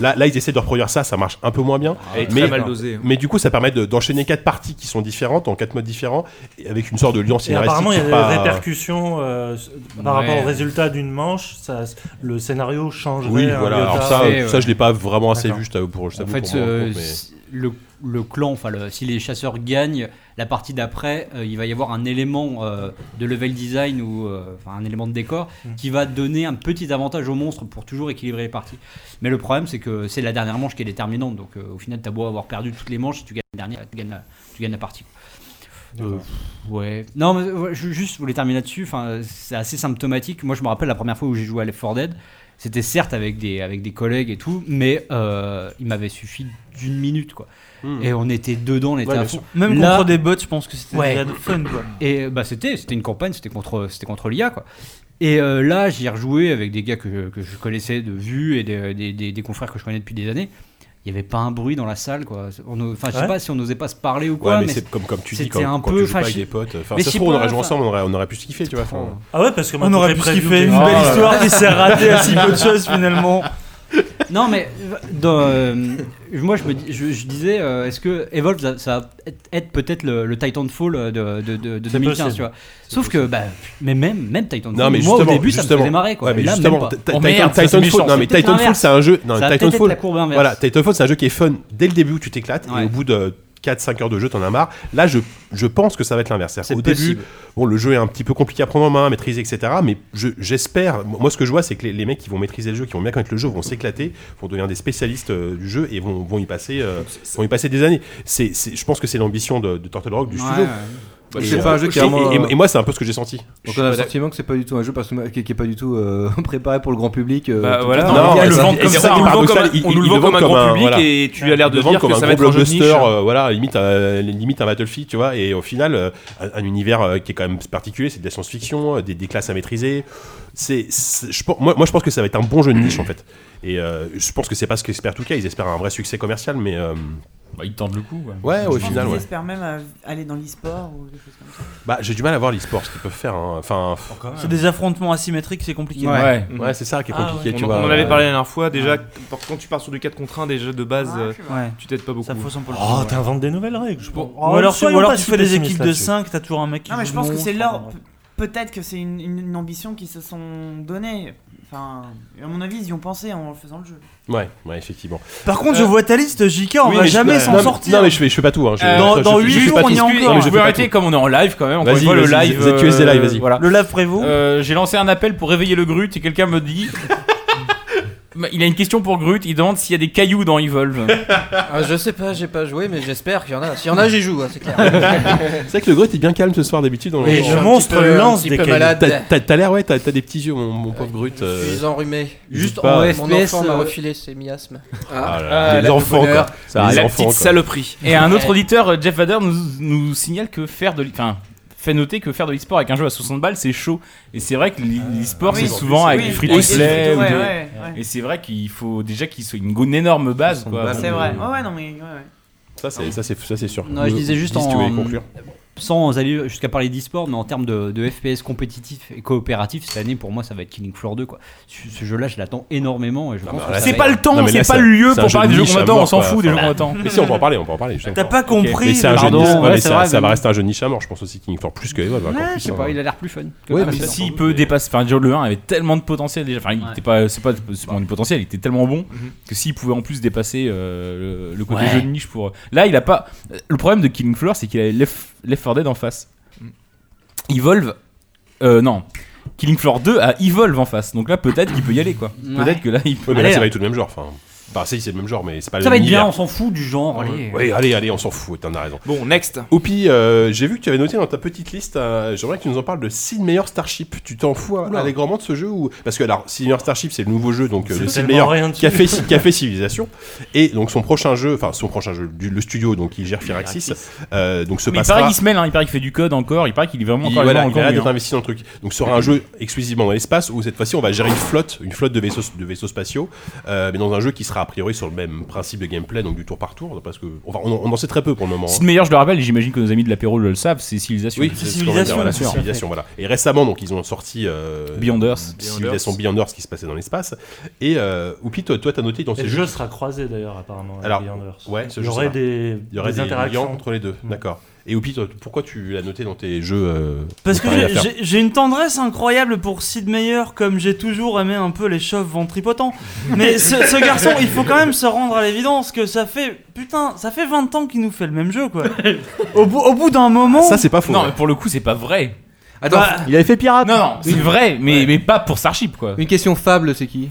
Speaker 2: Là, là, ils essaient de reproduire ça, ça marche un peu moins bien.
Speaker 11: Elle est Ah, très
Speaker 2: mais,
Speaker 11: mal hein. dosée.
Speaker 2: mais du coup, ça permet de- d'enchaîner quatre parties qui sont différentes, en quatre modes différents, et avec une sorte de lien
Speaker 8: Et
Speaker 2: scénaristique.
Speaker 8: apparemment, il y a
Speaker 2: qui
Speaker 8: des
Speaker 2: est pas-
Speaker 8: répercussions euh, par
Speaker 2: Ouais.
Speaker 8: rapport au résultat d'une manche. Ça, le scénario change.
Speaker 2: Oui, voilà. Alors ça, ça, je l'ai pas vraiment assez vu, je t'avoue, pour je
Speaker 13: En
Speaker 2: t'avoue,
Speaker 13: fait,
Speaker 2: pour me rendre
Speaker 13: euh,
Speaker 2: compte, mais-
Speaker 13: si- le, le clan, enfin, le- si les chasseurs gagnent, la partie d'après, euh, il va y avoir un élément euh, de level design ou euh, enfin, un élément de décor
Speaker 9: Mm.
Speaker 13: qui va donner un petit avantage au monstre pour toujours équilibrer les parties. Mais le problème, c'est que c'est la dernière manche qui est déterminante. Donc, euh, au final, t'as beau avoir perdu toutes les manches, si tu gagnes la dernière, tu gagnes la, tu gagnes la partie. Euh, ouais. Non, mais euh, je- juste, je voulais terminer là-dessus. Enfin, euh, c'est assez symptomatique. Moi, je me rappelle la première fois où j'ai joué à Left 4 Dead. C'était certes avec des, avec des collègues et tout, mais euh, il m'avait suffi d'une minute, quoi.
Speaker 12: Mm.
Speaker 2: Hmm.
Speaker 13: Et on était dedans, on était
Speaker 12: Ouais,
Speaker 13: à
Speaker 12: bien
Speaker 13: fond.
Speaker 12: sûr. Même
Speaker 13: Là-
Speaker 12: contre des bots, je pense que c'était
Speaker 13: Ouais.
Speaker 12: déjà de fun, quoi.
Speaker 13: Et bah, c'était, c'était une campagne, c'était contre, c'était contre l'IA, quoi. Et euh, là, j'y ai rejoué avec des gars que, que je connaissais de vue et des, des, des- des confrères que je connais depuis des années. il n'y avait pas un bruit dans la salle, quoi. On o- Enfin, je sais
Speaker 2: Ouais.
Speaker 13: pas si on n'osait pas se parler ou
Speaker 2: Ouais,
Speaker 13: quoi.
Speaker 2: mais c'est comme- comme tu dis,
Speaker 13: c'était
Speaker 2: quand-
Speaker 13: un
Speaker 2: quand
Speaker 13: peu
Speaker 2: tu joues pas avec
Speaker 13: fâché.
Speaker 2: des potes, enfin,
Speaker 13: Mais
Speaker 2: ça se
Speaker 13: je sais
Speaker 2: trouve, on
Speaker 13: pas,
Speaker 2: aurait joué
Speaker 13: enfin,
Speaker 2: ensemble, on aurait- on aurait pu se kiffer, tu vois, enfin.
Speaker 8: Ah ouais, parce que
Speaker 12: On aurait pu se kiffer une belle histoire qui s'est ratée à si peu de choses finalement.
Speaker 13: Non, mais dans, euh, moi, je, me dis- je, je disais, euh, est-ce que Evolve, ça, ça va être- être peut-être le, le Titanfall euh, de, de, de, de 2015,
Speaker 2: possible.
Speaker 13: tu vois Sauf que, bah, mais même, même Titanfall,
Speaker 2: Non mais
Speaker 13: moi, au
Speaker 2: justement,
Speaker 13: début, ça me
Speaker 2: justement,
Speaker 13: faisait marrer, quoi.
Speaker 2: Ouais, mais
Speaker 13: Là, même
Speaker 2: justement,
Speaker 13: pas.
Speaker 2: Ti-
Speaker 13: Oh,
Speaker 2: Titan-
Speaker 13: merde, ça, c'est
Speaker 2: Titanfall,
Speaker 13: méchant,
Speaker 2: non mais
Speaker 13: c'est peut-être
Speaker 2: Titanfall,
Speaker 13: l'inverse.
Speaker 2: c'est un jeu. Non,
Speaker 13: Ça va peut-être
Speaker 2: Titanfall.
Speaker 13: être la courbe inverse.
Speaker 2: Voilà, Titanfall, c'est un jeu qui est fun dès le début où tu t'éclates et au bout de 4-5 heures de jeu, t'en as marre. Là, je, je pense que ça va être l'inverse. C'est-à-dire
Speaker 13: C'est
Speaker 2: Au
Speaker 13: possible.
Speaker 2: début, bon, le jeu est un petit peu compliqué à prendre en main, à maîtriser, etc. Mais je- j'espère, moi, ce que je vois, c'est que les, les mecs qui vont maîtriser le jeu, qui vont bien connaître le jeu, vont s'éclater, vont devenir des spécialistes euh, du jeu et vont, vont y passer, euh, vont y passer des années. C'est, c'est- je pense que c'est l'ambition de, de Turtle Rock du
Speaker 5: Ouais,
Speaker 2: studio.
Speaker 5: ouais. Bah,
Speaker 2: Et
Speaker 5: c'est
Speaker 2: on-
Speaker 5: pas un jeu qui a
Speaker 2: et-
Speaker 5: vraiment-
Speaker 2: et- et moi, c'est un peu ce que j'ai senti.
Speaker 5: Donc on a le
Speaker 2: Je-
Speaker 7: Bah,
Speaker 5: sentiment que c'est pas du tout un jeu parce que- qui, qui est pas du tout euh, préparé pour le grand public. euh,
Speaker 10: Bah
Speaker 5: tout
Speaker 10: voilà,
Speaker 5: le
Speaker 10: on
Speaker 5: temps.
Speaker 10: nous
Speaker 5: Et
Speaker 10: le
Speaker 5: c'est-
Speaker 10: vend
Speaker 5: et
Speaker 10: comme
Speaker 5: c'est
Speaker 10: ça, on nous le vend
Speaker 5: paradoxal.
Speaker 10: comme un-
Speaker 5: Il-
Speaker 10: on
Speaker 5: il
Speaker 10: nous le vend
Speaker 5: vend
Speaker 10: comme un grand public
Speaker 2: voilà.
Speaker 10: et tu as l'air de
Speaker 2: Ils le vendent
Speaker 10: dire
Speaker 2: comme
Speaker 10: que
Speaker 2: un
Speaker 10: ça
Speaker 2: gros
Speaker 10: va être un jeu de
Speaker 2: blockbuster,
Speaker 10: niche.
Speaker 2: euh, voilà, limite, euh, limite un Battlefield, tu vois, et au final, euh, un, un univers euh, qui est quand même particulier, c'est de la science-fiction, euh, des, des classes à maîtriser. C'est, c'est- je pense- moi, moi, je pense que ça va être un bon jeu de niche en fait. Et euh, je pense que c'est pas ce qu'espèrent tout cas, ils espèrent un vrai succès commercial, mais euh,
Speaker 7: Bah, ils tentent le coup.
Speaker 2: Ouais, au
Speaker 6: Je pense
Speaker 2: final,
Speaker 6: qu'ils
Speaker 2: ouais.
Speaker 6: espèrent même à- aller dans l'e-sport ou quelque chose comme ça.
Speaker 2: Bah, j'ai du mal à voir l'e-sport ce qu'ils peuvent faire. hein. Enfin,
Speaker 12: C'est des affrontements Ah, asymétriques, c'est compliqué.
Speaker 2: Ouais, Mm. ouais, c'est ça qui est compliqué,
Speaker 10: On,
Speaker 2: tu
Speaker 10: en-
Speaker 2: vois.
Speaker 10: on en avait
Speaker 2: Ouais.
Speaker 10: parlé la dernière fois. Déjà,
Speaker 12: Ouais.
Speaker 10: quand- quand tu pars sur du 4 contre 1, déjà de base, euh, tu t'aides pas beaucoup.
Speaker 12: Ça fausse un peu le
Speaker 2: Ah,
Speaker 10: Oh,
Speaker 12: jeu, ouais.
Speaker 8: Ah, T'inventes des nouvelles règles, je pense.
Speaker 12: ou alors,
Speaker 8: soyons
Speaker 12: ou alors
Speaker 8: pas
Speaker 12: tu
Speaker 8: si
Speaker 12: fais des
Speaker 8: pessimistes
Speaker 12: équipes de
Speaker 8: là-dessus.
Speaker 12: 5, t'as toujours un mec qui
Speaker 6: Non, mais je
Speaker 12: joue
Speaker 6: pense que
Speaker 12: monstre,
Speaker 6: c'est leur.
Speaker 12: enfin, bref.
Speaker 6: Peut-être que c'est une, une- une ambition qu'ils se sont donnée. Enfin, à mon avis, ils y ont pensé en faisant le jeu.
Speaker 2: Ouais, ouais, effectivement.
Speaker 12: Par contre, je
Speaker 7: Euh,
Speaker 12: vois ta liste, JK, on
Speaker 2: oui,
Speaker 12: va
Speaker 2: mais je-
Speaker 12: jamais
Speaker 2: euh,
Speaker 12: s'en
Speaker 2: non, mais-
Speaker 12: sortir. Euh,
Speaker 2: non, mais je fais- je fais pas tout, hein, je-
Speaker 12: dans
Speaker 7: Euh,
Speaker 2: je-
Speaker 12: dans
Speaker 2: je- je
Speaker 12: 8
Speaker 2: fais
Speaker 12: jours,
Speaker 2: pas
Speaker 12: on y est
Speaker 2: tout.
Speaker 12: encore.
Speaker 2: mais
Speaker 7: mais
Speaker 2: je
Speaker 7: je
Speaker 2: fais
Speaker 7: peux
Speaker 2: pas
Speaker 7: arrêter
Speaker 2: tout.
Speaker 7: comme on est en live quand même. Encore une
Speaker 2: Vas-y,
Speaker 7: fois, le
Speaker 2: vas-y,
Speaker 7: live. euh,
Speaker 2: ZQSD live, vas-y.
Speaker 7: voilà.
Speaker 12: Le live prévôt.
Speaker 7: Euh, J'ai lancé un appel pour réveiller le Grut et quelqu'un me dit. Bah, Il a une question pour Grut, il demande s'il y a des cailloux dans Evolve.
Speaker 18: Ah, je sais pas, j'ai pas joué, mais j'espère qu'il y en a. S'il y en a, j'y joue, hein, c'est clair.
Speaker 2: c'est vrai que le gros est bien calme ce soir d'habitude. on-
Speaker 18: Oui,
Speaker 2: on-
Speaker 18: je suis Le un monstre petit peu- lance un petit des peu cailloux. malade.
Speaker 2: T'as- t'as- T'as l'air, ouais, t'as t'as des petits yeux, mon, mon pauvre Grut. euh,
Speaker 18: Je suis enrhumé.
Speaker 2: n'hésite
Speaker 18: Juste
Speaker 2: pas.
Speaker 18: en mon enfant m'a refilé ses miasmes.
Speaker 2: euh, Ah là
Speaker 7: Euh,
Speaker 2: là, les enfants, quoi. Ça, les enfants, quoi.
Speaker 7: Et un autre auditeur, euh, Jeff Vader, nous, nous signale que faire de. l'e- Enfin, fait noter que faire de l'e-sport avec un jeu à 60 balles, c'est chaud. Et c'est vrai que l'e-
Speaker 2: Ah.
Speaker 7: l'e-sport,
Speaker 6: oui,
Speaker 7: c'est
Speaker 6: en
Speaker 7: souvent
Speaker 6: plus,
Speaker 7: avec
Speaker 6: oui,
Speaker 7: du free
Speaker 6: oui,
Speaker 7: to
Speaker 6: c'est
Speaker 7: play.
Speaker 6: plutôt- ouais,
Speaker 7: ou des-
Speaker 6: ouais, ouais.
Speaker 7: Et c'est vrai qu'il faut déjà qu'il soit une, une énorme base. quoi. Bah,
Speaker 2: euh,
Speaker 6: C'est vrai. Ouais, ouais, non, mais. ouais, ouais.
Speaker 2: Ça, c'est ça, c'est ça, c'est sûr.
Speaker 13: Non, je disais juste
Speaker 2: Dis si
Speaker 13: en.
Speaker 2: tu voulais conclure.
Speaker 13: Sans aller jusqu'à parler d'e-sport, mais en termes de, de FPS compétitif et coopératif, cette année pour moi ça va être Killing Floor 2. Quoi. Ce, ce jeu-là, je l'attends énormément. et je pense que ça
Speaker 7: c'est
Speaker 13: va
Speaker 7: pas
Speaker 13: être-
Speaker 7: le temps, Non, mais c'est là, pas c'est- le lieu c'est un pour jeu parler de des jeux niche qu'on à attend, on mort, s'en quoi. fout des jeux qu'on attend.
Speaker 2: Mais si, on peut en parler, on peut en parler. justement.
Speaker 13: T'as pas compris,
Speaker 2: Ok. Mais c'est un jeu de
Speaker 13: pardon,
Speaker 2: niche. Non,
Speaker 13: ouais,
Speaker 2: mais
Speaker 13: c'est
Speaker 2: ça-
Speaker 13: vrai,
Speaker 2: ça va
Speaker 13: mais-
Speaker 2: rester un jeu de niche à mort, je pense aussi King Floor plus que Evolve. encore
Speaker 13: Ouais,
Speaker 2: plus,
Speaker 13: je sais
Speaker 2: hein.
Speaker 13: pas, il a l'air plus fun.
Speaker 2: Ouais,
Speaker 7: Ah,
Speaker 2: mais
Speaker 7: mais
Speaker 2: c'est-
Speaker 7: s'il peut dépasser. Enfin, genre, le 1 avait tellement de potentiel déjà. Enfin, il était pas. C'est pas c'est pas du potentiel, il était tellement bon
Speaker 2: Mhm.
Speaker 7: que s'il pouvait en plus dépasser euh, le, le côté
Speaker 13: Ouais.
Speaker 7: jeu de niche pour. Là, il a pas. Le problème de Killing Floor, c'est qu'il a Left, Left 4 Dead en face.
Speaker 2: Mm.
Speaker 7: Evolve. Euh, non. Killing Floor 2 a Evolve en face. Donc là, peut-être qu'il peut y aller quoi.
Speaker 13: Ouais.
Speaker 7: Peut-être que là, il peut.
Speaker 2: Ouais, mais
Speaker 7: Allez,
Speaker 2: là,
Speaker 7: hein.
Speaker 2: c'est pas du tout le même genre. Enfin, enfin, si, c'est le même genre, mais c'est pas le
Speaker 13: Ça va
Speaker 2: même
Speaker 13: être bien,
Speaker 2: univers.
Speaker 13: on s'en fout du genre. allez.
Speaker 10: euh,
Speaker 2: Oui, allez, allez, on s'en fout, t'en as raison.
Speaker 10: Bon, next.
Speaker 2: Oupi, euh, j'ai vu que tu avais noté dans ta petite liste, euh, j'aimerais que tu nous en parles de Sid Meier Starship. Tu t'en fous
Speaker 10: Oula.
Speaker 2: allègrement de ce jeu ou Parce que alors, Sid Meier Starship, c'est le nouveau jeu donc, euh,
Speaker 10: C'est
Speaker 2: de Sid
Speaker 10: tellement
Speaker 2: Meier
Speaker 10: rien
Speaker 2: qui a, fait,
Speaker 10: dessus.
Speaker 2: qui a fait Civilization. Et donc son prochain jeu, enfin son prochain jeu, du- le studio donc, qui gère Firaxis, euh, donc se
Speaker 7: Mais il
Speaker 2: passera...
Speaker 7: paraît qu'il se mêle, hein, il paraît qu'il fait du code encore, il paraît qu'il est vraiment
Speaker 2: Il,
Speaker 7: encore
Speaker 2: voilà,
Speaker 7: vraiment
Speaker 2: il a
Speaker 7: encore
Speaker 2: l'air d'être
Speaker 7: mieux, hein.
Speaker 2: investi dans le truc. Donc sera un jeu exclusivement dans l'espace où cette fois-ci on va gérer une flotte, une flotte de vaisseaux, de vaisseaux spatiaux, euh, mais dans un jeu qui sera a priori sur le même principe de gameplay, donc du tour par tour, parce que enfin, on, en- on en sait très peu pour le moment. hein.
Speaker 7: C'est le meilleur, je le rappelle, et j'imagine que nos amis de l'apéro le savent, c'est Civilization.
Speaker 2: Oui, c'est Civilization, voilà, c'est Civilization, voilà. Et récemment, donc, ils ont sorti euh,
Speaker 7: Beyond Earth.
Speaker 2: Civilization Beyond Earth qui se passait dans l'espace. Et euh, Oupi, toi, toi, t'as noté dans
Speaker 8: Et
Speaker 2: ces
Speaker 8: le
Speaker 2: jeux.
Speaker 8: jeu sera croisé d'ailleurs, apparemment. avec
Speaker 2: Alors,
Speaker 8: Beyond Earth.
Speaker 2: ouais, ce
Speaker 8: il y
Speaker 2: jeu
Speaker 8: aurait
Speaker 2: sera-
Speaker 8: des,
Speaker 2: il y aurait
Speaker 8: des
Speaker 2: des,
Speaker 8: interactions.
Speaker 2: liens entre les deux. D'accord. Et Oupi, toi, pourquoi tu l'as noté dans tes jeux euh,
Speaker 12: Parce que
Speaker 2: t'as rien à
Speaker 12: j'ai-
Speaker 2: faire
Speaker 12: j'ai- j'ai une tendresse incroyable pour Sid Meier, comme j'ai toujours aimé un peu les chauves ventripotents. Mais ce, ce garçon, il faut quand même se rendre à l'évidence que ça fait. Putain, ça fait 20 ans qu'il nous fait le même jeu, quoi. Au bout, au bout d'un moment.
Speaker 7: Ça, c'est pas faux. Non, mais pour le coup, c'est pas vrai.
Speaker 12: Attends,
Speaker 7: il avait fait pirate. Non, non, c'est vrai, mais, mais pas pour Starship, quoi.
Speaker 5: Une question fable, c'est qui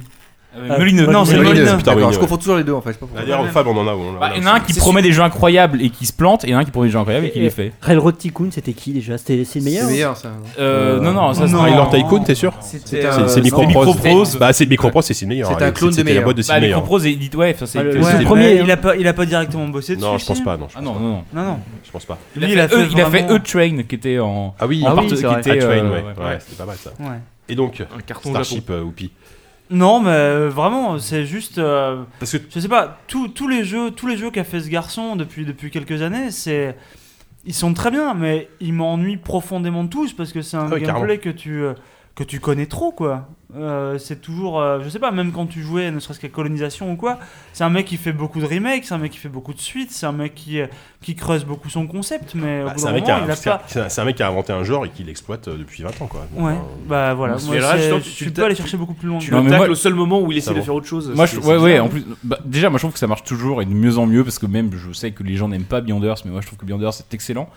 Speaker 10: Ah,
Speaker 7: Euh, Molineux. Non, c'est
Speaker 5: Molineux.
Speaker 7: Molineux.
Speaker 5: D'accord,
Speaker 7: Molineux,
Speaker 5: je
Speaker 7: ouais.
Speaker 5: confonds toujours les deux en fait. je sais pas pourquoi.
Speaker 2: D'ailleurs, Fab, on en a. on en a-
Speaker 7: Bah, il y en a un qui promet des jeux incroyables et qui se plante, et il y en a un qui promet des jeux incroyables et qui les fait.
Speaker 4: Railroad Tycoon, c'était qui déjà C'était c'est le meilleur hein
Speaker 7: Euh, non, non, ça c'est
Speaker 2: Trailer Tycoon, t'es sûr
Speaker 7: C'était,
Speaker 2: C'est-
Speaker 7: euh,
Speaker 2: c'est Microprose.
Speaker 7: c'était Microprose.
Speaker 2: Bah, c'est Microprose, c'est Sid Meier.
Speaker 7: C'était un
Speaker 2: hein.
Speaker 7: clone de
Speaker 2: C'était la
Speaker 7: Meier.
Speaker 2: boîte de Sid
Speaker 7: Bah,
Speaker 2: Meier.
Speaker 7: Microprose, et dites- ouais, ça, c'est- Ah, le-
Speaker 12: Ouais,
Speaker 7: c'est
Speaker 12: mais
Speaker 7: premier,
Speaker 12: Il a, pas, il a pas directement bossé dessus.
Speaker 7: Non, je pense
Speaker 12: si
Speaker 7: pas, non, je
Speaker 12: Ah
Speaker 7: pense pas.
Speaker 12: non, non.
Speaker 2: Je pense pas.
Speaker 7: Lui, il a fait, il a fait E-Train qui était en.
Speaker 2: Ah oui,
Speaker 7: en
Speaker 2: ah
Speaker 7: parte-
Speaker 2: oui, c'est
Speaker 7: qui
Speaker 2: vrai.
Speaker 7: était,
Speaker 2: Ah, Train,
Speaker 7: euh,
Speaker 2: ouais. Ouais, c'était pas mal ça.
Speaker 12: Ouais.
Speaker 2: Et donc,
Speaker 10: carton au
Speaker 2: Starship, euh, Oupi.
Speaker 12: Non, mais euh, vraiment, c'est juste. euh,
Speaker 2: Parce que
Speaker 12: je sais pas, tous tous les jeux, tous les jeux qu'a fait ce garçon depuis depuis quelques années, c'est ils sont très bien, mais ils m'ennuient profondément tous parce que c'est un
Speaker 2: Ah oui,
Speaker 12: gameplay que tu euh, que tu connais trop quoi. Euh, c'est toujours, euh, je sais pas, même quand tu jouais, ne serait-ce qu'à colonisation ou quoi, c'est un mec qui fait beaucoup de remakes, c'est un mec qui fait beaucoup de suites, c'est un mec qui euh, qui creuse beaucoup son concept, mais au
Speaker 2: Bah,
Speaker 12: bout
Speaker 2: c'est
Speaker 12: d'un
Speaker 2: un, mec qui
Speaker 12: moment,
Speaker 2: a-
Speaker 12: il a
Speaker 2: c'est un-
Speaker 12: pas.
Speaker 2: c'est un- c'est un mec qui a inventé un genre et qui l'exploite euh, depuis 20 ans, quoi. Donc,
Speaker 12: Ouais,
Speaker 2: euh,
Speaker 12: bah voilà. Moi,
Speaker 2: Mais là,
Speaker 12: c'est-
Speaker 2: justement,
Speaker 12: je
Speaker 2: tu-
Speaker 12: suis
Speaker 2: tu
Speaker 12: pas allé chercher beaucoup plus loin.
Speaker 2: Tu
Speaker 7: Non,
Speaker 2: le
Speaker 7: mais
Speaker 2: tacles
Speaker 7: moi-
Speaker 2: au seul moment où il essaie
Speaker 7: Ça
Speaker 2: de
Speaker 7: va.
Speaker 2: faire autre chose,
Speaker 7: Moi,
Speaker 2: c'est-
Speaker 7: je-
Speaker 2: c'est
Speaker 7: ouais, ouais,
Speaker 2: bizarre.
Speaker 7: en plus, bah, déjà, moi je trouve que ça marche toujours et de mieux en mieux parce que même je sais que les gens n'aiment pas Beyonders, mais moi je trouve que Beyonders c'est excellent.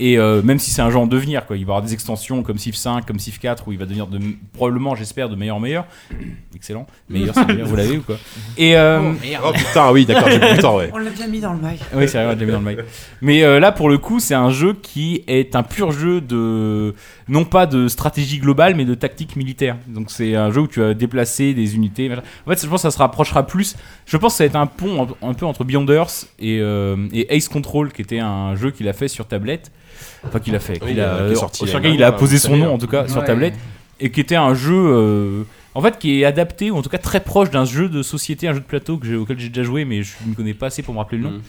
Speaker 7: Et euh, même si c'est un genre en devenir, quoi, il va y avoir des extensions comme Civ 5, comme Civ 4 où il va devenir de, probablement, j'espère, de meilleur en meilleur. Excellent, meilleur, c'est meilleur, vous l'avez ou quoi Et euh,
Speaker 6: Oh, merde.
Speaker 2: Oh, putain, oui, d'accord, j'ai pris le temps, ouais.
Speaker 6: On l'a bien mis dans le mic.
Speaker 7: oui, c'est vrai, on l'a mis dans le mic. Mais euh, là, pour le coup, c'est un jeu qui est un pur jeu de. Non pas de stratégie globale, mais de tactique militaire. Donc c'est un jeu où tu vas déplacer des unités. machin. En fait, je pense que ça se rapprochera plus. Je pense que ça va être un pont un, un peu entre Beyonders et, euh, et Ace Control, qui était un jeu qu'il a fait sur tablette. Enfin, qu'il a fait.
Speaker 2: Oui,
Speaker 7: qu'il a,
Speaker 2: euh, qui est
Speaker 7: sur
Speaker 2: sorti il y a
Speaker 7: lequel
Speaker 2: un
Speaker 7: il a
Speaker 2: an,
Speaker 7: posé
Speaker 2: vous
Speaker 7: son
Speaker 2: savez,
Speaker 7: nom,
Speaker 2: hein.
Speaker 7: en tout cas, sur
Speaker 2: Ouais.
Speaker 7: tablette et qui était un jeu euh, en fait qui est adapté ou en tout cas très proche d'un jeu de société un jeu de plateau que j'ai- auquel j'ai déjà joué mais je ne connais pas assez pour me rappeler le
Speaker 2: Mm.
Speaker 7: nom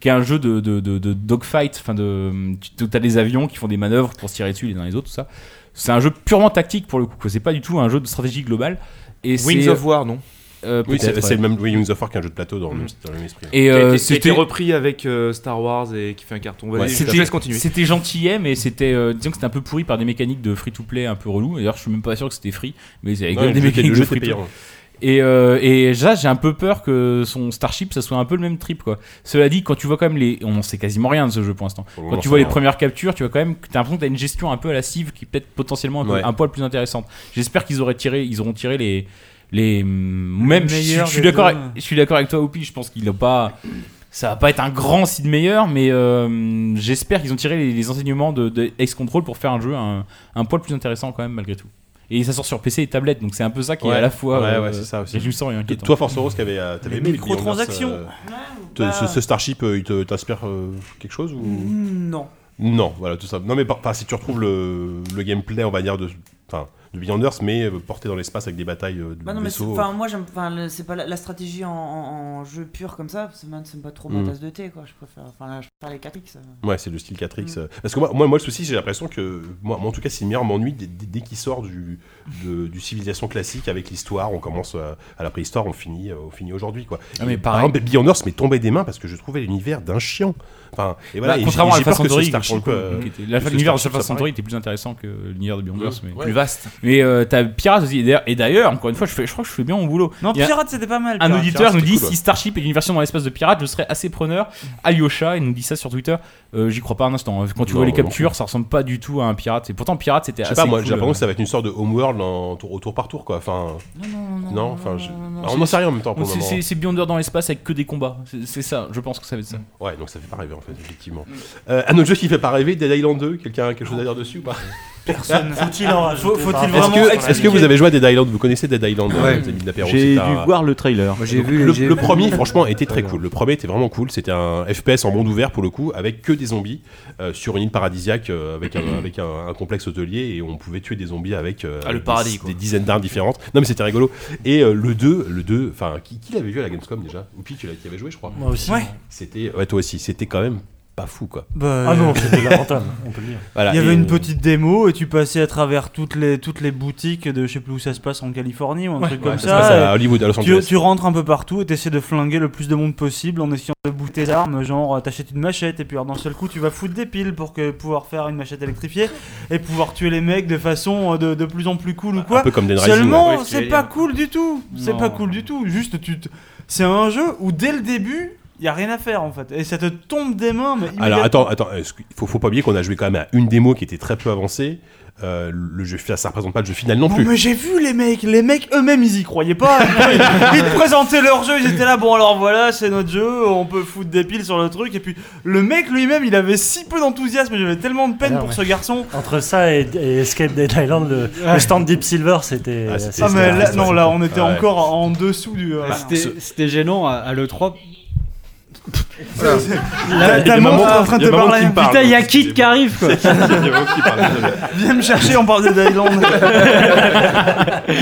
Speaker 7: qui est un jeu de, de, de- de dogfight enfin de tu as des avions qui font des manœuvres pour se tirer dessus les uns les autres tout ça c'est un jeu purement tactique pour le coup quoi. c'est pas du tout un jeu de stratégie globale et
Speaker 10: Wings
Speaker 7: c'est-
Speaker 10: of War, non
Speaker 7: Euh,
Speaker 2: Oui, c'est
Speaker 7: peut-être,
Speaker 2: c'est
Speaker 7: ouais.
Speaker 2: le même oui, Wings of War qu'un jeu de plateau dans le même, dans le même esprit.
Speaker 7: Et,
Speaker 10: Qui a
Speaker 7: euh,
Speaker 10: été- qui a été
Speaker 7: c'était-
Speaker 10: repris avec euh, Star Wars et qui fait un carton. Vas-y,
Speaker 7: Ouais,
Speaker 10: je te
Speaker 7: c'était
Speaker 10: laisse continuer.
Speaker 7: c'était gentillet, mais c'était euh, disons que c'était un peu pourri par des mécaniques de free to play un peu relou. D'ailleurs, je suis même pas sûr que c'était free, mais ils avaient
Speaker 2: Non,
Speaker 7: quand même
Speaker 2: le
Speaker 7: des
Speaker 2: jeu était-
Speaker 7: mécaniques
Speaker 2: le
Speaker 7: de
Speaker 2: jeu
Speaker 7: free
Speaker 2: était
Speaker 7: to play.
Speaker 2: payant.
Speaker 7: Et, euh, et là, j'ai un peu peur que son Starship, ça soit un peu le même trip, quoi. Cela dit, quand tu vois quand même les, on sait quasiment rien de ce jeu pour l'instant.
Speaker 2: On
Speaker 7: Quand
Speaker 2: en
Speaker 7: tu vois
Speaker 2: sait
Speaker 7: les
Speaker 2: rien.
Speaker 7: premières captures, tu vois quand même, que t'as l'impression que t'as une gestion un peu à la cive qui est peut-être potentiellement un, peu-
Speaker 2: Ouais.
Speaker 7: un poil plus intéressante. J'espère qu'ils auraient tiré, ils auront tiré les, les, hum, même, je, je
Speaker 12: meilleur
Speaker 7: suis
Speaker 12: des
Speaker 7: d'accord,
Speaker 12: deux.
Speaker 7: avec- je suis d'accord avec toi, Oupi. Je pense qu'il a pas, ça va pas être un grand site meilleur, mais euh, j'espère qu'ils ont tiré les, les enseignements de, de Ace Control pour faire un jeu un, un poil plus intéressant quand même malgré tout. Et ça sort sur PC et tablette, donc c'est un peu ça qui est à la fois.
Speaker 2: Ouais,
Speaker 7: euh,
Speaker 2: ouais, c'est ça aussi.
Speaker 7: Et je le sens, il est inquiétant.
Speaker 2: Toi, Force Rose, qui avait, euh, t'avais
Speaker 7: Les
Speaker 2: aimé
Speaker 7: microtransactions.
Speaker 2: Beyonders, euh, te-
Speaker 6: Bah.
Speaker 2: ce, ce Starship, euh, il te- t'inspire euh, quelque chose ou
Speaker 6: Non.
Speaker 2: Non, voilà tout ça. Non, mais par- enfin, si tu retrouves le, le gameplay, on va dire de, enfin, de Beyonders, mais euh, porté dans l'espace avec des batailles euh, de
Speaker 6: Bah non, mais c'est-
Speaker 2: vaisseaux.
Speaker 6: enfin, moi, j'aime, enfin, le- c'est pas la, la stratégie en, en- en jeu pur comme ça, c'est même c'est pas trop
Speaker 2: Mm.
Speaker 6: ma tasse de thé, quoi. Je préfère, enfin, là, je préfère les 4X.
Speaker 2: Ouais, c'est le style 4X. euh. Parce que moi, moi, moi, le souci, j'ai l'impression que, moi, moi, en tout cas, Silmier m'ennuie dès, dès- dès qu'il sort du, de- du civilisation classique avec l'histoire. On commence à, à la préhistoire, on finit, euh, on finit aujourd'hui, quoi.
Speaker 7: Ah, mais
Speaker 2: Et, par
Speaker 7: pareil.
Speaker 2: exemple, Beyonders m'est tombé des mains parce que je trouvais l'univers d'un chien. Enfin, et voilà,
Speaker 7: Bah,
Speaker 2: et
Speaker 7: contrairement à
Speaker 2: j'ai- j'ai
Speaker 7: Alpha
Speaker 2: peur que ce
Speaker 7: Centauri,
Speaker 2: Starship,
Speaker 7: pour le coup,
Speaker 2: euh,
Speaker 7: qui était-
Speaker 2: que
Speaker 7: l'Alpha-
Speaker 2: ce
Speaker 7: l'univers de
Speaker 2: Starship,
Speaker 7: Alpha
Speaker 2: ça paraît.
Speaker 7: Centauri était plus intéressant que l'univers de Beyonders, mais
Speaker 12: Ouais.
Speaker 7: plus vaste. Mais euh, t'as Pirates aussi, et d'ailleurs- et d'ailleurs, encore une fois, je, fais, je crois que je fais bien mon boulot.
Speaker 12: Non,
Speaker 7: Il y a-
Speaker 12: Pirates, c'était pas mal,
Speaker 7: Un
Speaker 12: Pirates.
Speaker 7: auditeur
Speaker 12: Pirates,
Speaker 7: nous
Speaker 12: c'était
Speaker 7: dit
Speaker 12: cool, ouais.
Speaker 7: si Starship est une version dans l'espace de Pirates, je serais assez preneur. Alyosha, il nous dit ça sur Twitter. Euh, J'y crois pas un instant. Quand tu
Speaker 2: Non,
Speaker 7: vois les
Speaker 2: vraiment.
Speaker 7: captures, ça ressemble pas du tout à un pirate. Et pourtant, Pirates, c'était
Speaker 2: Je
Speaker 7: assez.
Speaker 2: sais pas, moi,
Speaker 7: cool. euh.
Speaker 2: j'ai l'impression que ça va être une sorte de Homeworld en tour, au tour par tour, quoi. Enfin, non, enfin, je- Alors, on n'en sait rien en même temps pour le
Speaker 7: C'est-
Speaker 2: moment.
Speaker 7: C'est c'est Beyonder dans l'espace avec que des combats. C'est c'est ça, je pense que ça va être ça.
Speaker 2: Ouais, donc ça fait pas rêver en fait, effectivement. Euh, un autre jeu qui fait pas rêver, Dead Island 2, quelqu'un a quelque chose à dire dessus ou pas
Speaker 8: Personne. Faut-il en rajouter
Speaker 12: Faut- faut-il
Speaker 8: par rapport
Speaker 2: Est-ce
Speaker 8: à
Speaker 2: que,
Speaker 8: la
Speaker 2: est-ce que vous
Speaker 8: ligue
Speaker 2: avez joué à Dead Island Vous connaissez Dead Island, euh, les amis de l'apéro,
Speaker 11: J'ai
Speaker 2: c'est un-
Speaker 11: dû voir le trailer.
Speaker 2: Moi, j'ai vu, le, le premier, franchement, était très cool. Le premier était vraiment cool. C'était un FPS en monde ouvert pour le coup, avec que des zombies euh, sur une île paradisiaque euh, avec, un, avec un, un complexe hôtelier et on pouvait tuer des zombies avec euh,
Speaker 10: Ah, le
Speaker 2: des-
Speaker 10: paradis,
Speaker 2: des, dizaines d'armes différentes. Non, mais c'était rigolo. Et euh, le 2, le 2, enfin, qui, qui l'avait vu à la Gamescom déjà Oupi, tu l'as- tu y avais joué, je crois.
Speaker 8: Moi aussi. Ouais.
Speaker 2: C'était, ouais, toi aussi. C'était quand même pas fou, quoi.
Speaker 12: Bah,
Speaker 8: Ah non,
Speaker 12: euh,
Speaker 8: c'était lamentable, on peut le dire.
Speaker 2: Voilà,
Speaker 12: il y avait
Speaker 2: et- euh,
Speaker 12: une petite démo et tu passais à travers toutes les, toutes les boutiques de je sais plus où ça se passe en Californie ou un
Speaker 2: Ouais.
Speaker 12: truc
Speaker 2: Ouais,
Speaker 12: comme
Speaker 2: ça
Speaker 12: ça.
Speaker 2: se passe à
Speaker 12: et
Speaker 2: Hollywood, à Los
Speaker 12: tu-
Speaker 2: Angeles.
Speaker 12: Tu, rentres un peu partout et t'essaies de flinguer le plus de monde possible en essayant de bouter d'armes. Genre, euh, t'achètes une machette et puis alors d'un seul coup, tu vas foutre des piles pour que, pouvoir faire une machette électrifiée et pouvoir tuer les mecs de façon euh, de, de plus en plus cool ou quoi.
Speaker 2: peu comme Dead Rising,
Speaker 12: Seulement,
Speaker 2: ouais. Ouais,
Speaker 12: c'est
Speaker 2: c'est-
Speaker 12: pas cool du tout. C'est
Speaker 2: Non.
Speaker 12: pas cool du tout. Juste, tu te- c'est un jeu où dès le début, il y a rien à faire en fait. Et ça te tombe des mains. Mais
Speaker 2: euh, Alors attends, attends, est-ce qu'il faut, faut pas oublier qu'on a joué quand même à une démo qui était très peu avancée. Euh, le jeu final, ça représente pas le jeu final non
Speaker 12: Non,
Speaker 2: plus.
Speaker 12: mais j'ai vu les mecs, les mecs eux-mêmes ils y croyaient pas. Ils te présentaient leur jeu, ils étaient là, bon alors voilà, c'est notre jeu, on peut foutre des piles sur le truc. Et puis le mec lui-même il avait si peu d'enthousiasme, j'avais tellement de peine
Speaker 8: Alors,
Speaker 12: pour
Speaker 8: ouais.
Speaker 12: ce garçon.
Speaker 8: Entre ça et, et Escape Dead Island, le, le stand Deep Silver, c'était.
Speaker 12: Ah,
Speaker 8: c'était-
Speaker 12: ah, mais
Speaker 8: c'était-
Speaker 12: là, non, là on était
Speaker 8: Ouais.
Speaker 13: Bah,
Speaker 12: encore en dessous du. euh,
Speaker 13: C'était c'était gênant à, à l'E3.
Speaker 8: Voilà.
Speaker 9: La-
Speaker 8: Ta montre en train de te parler.
Speaker 9: Putain, il y a Kit qui arrive quoi.
Speaker 8: Viens me chercher en bord de Thaïlande.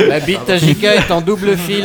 Speaker 18: La bite à JK est en double fil.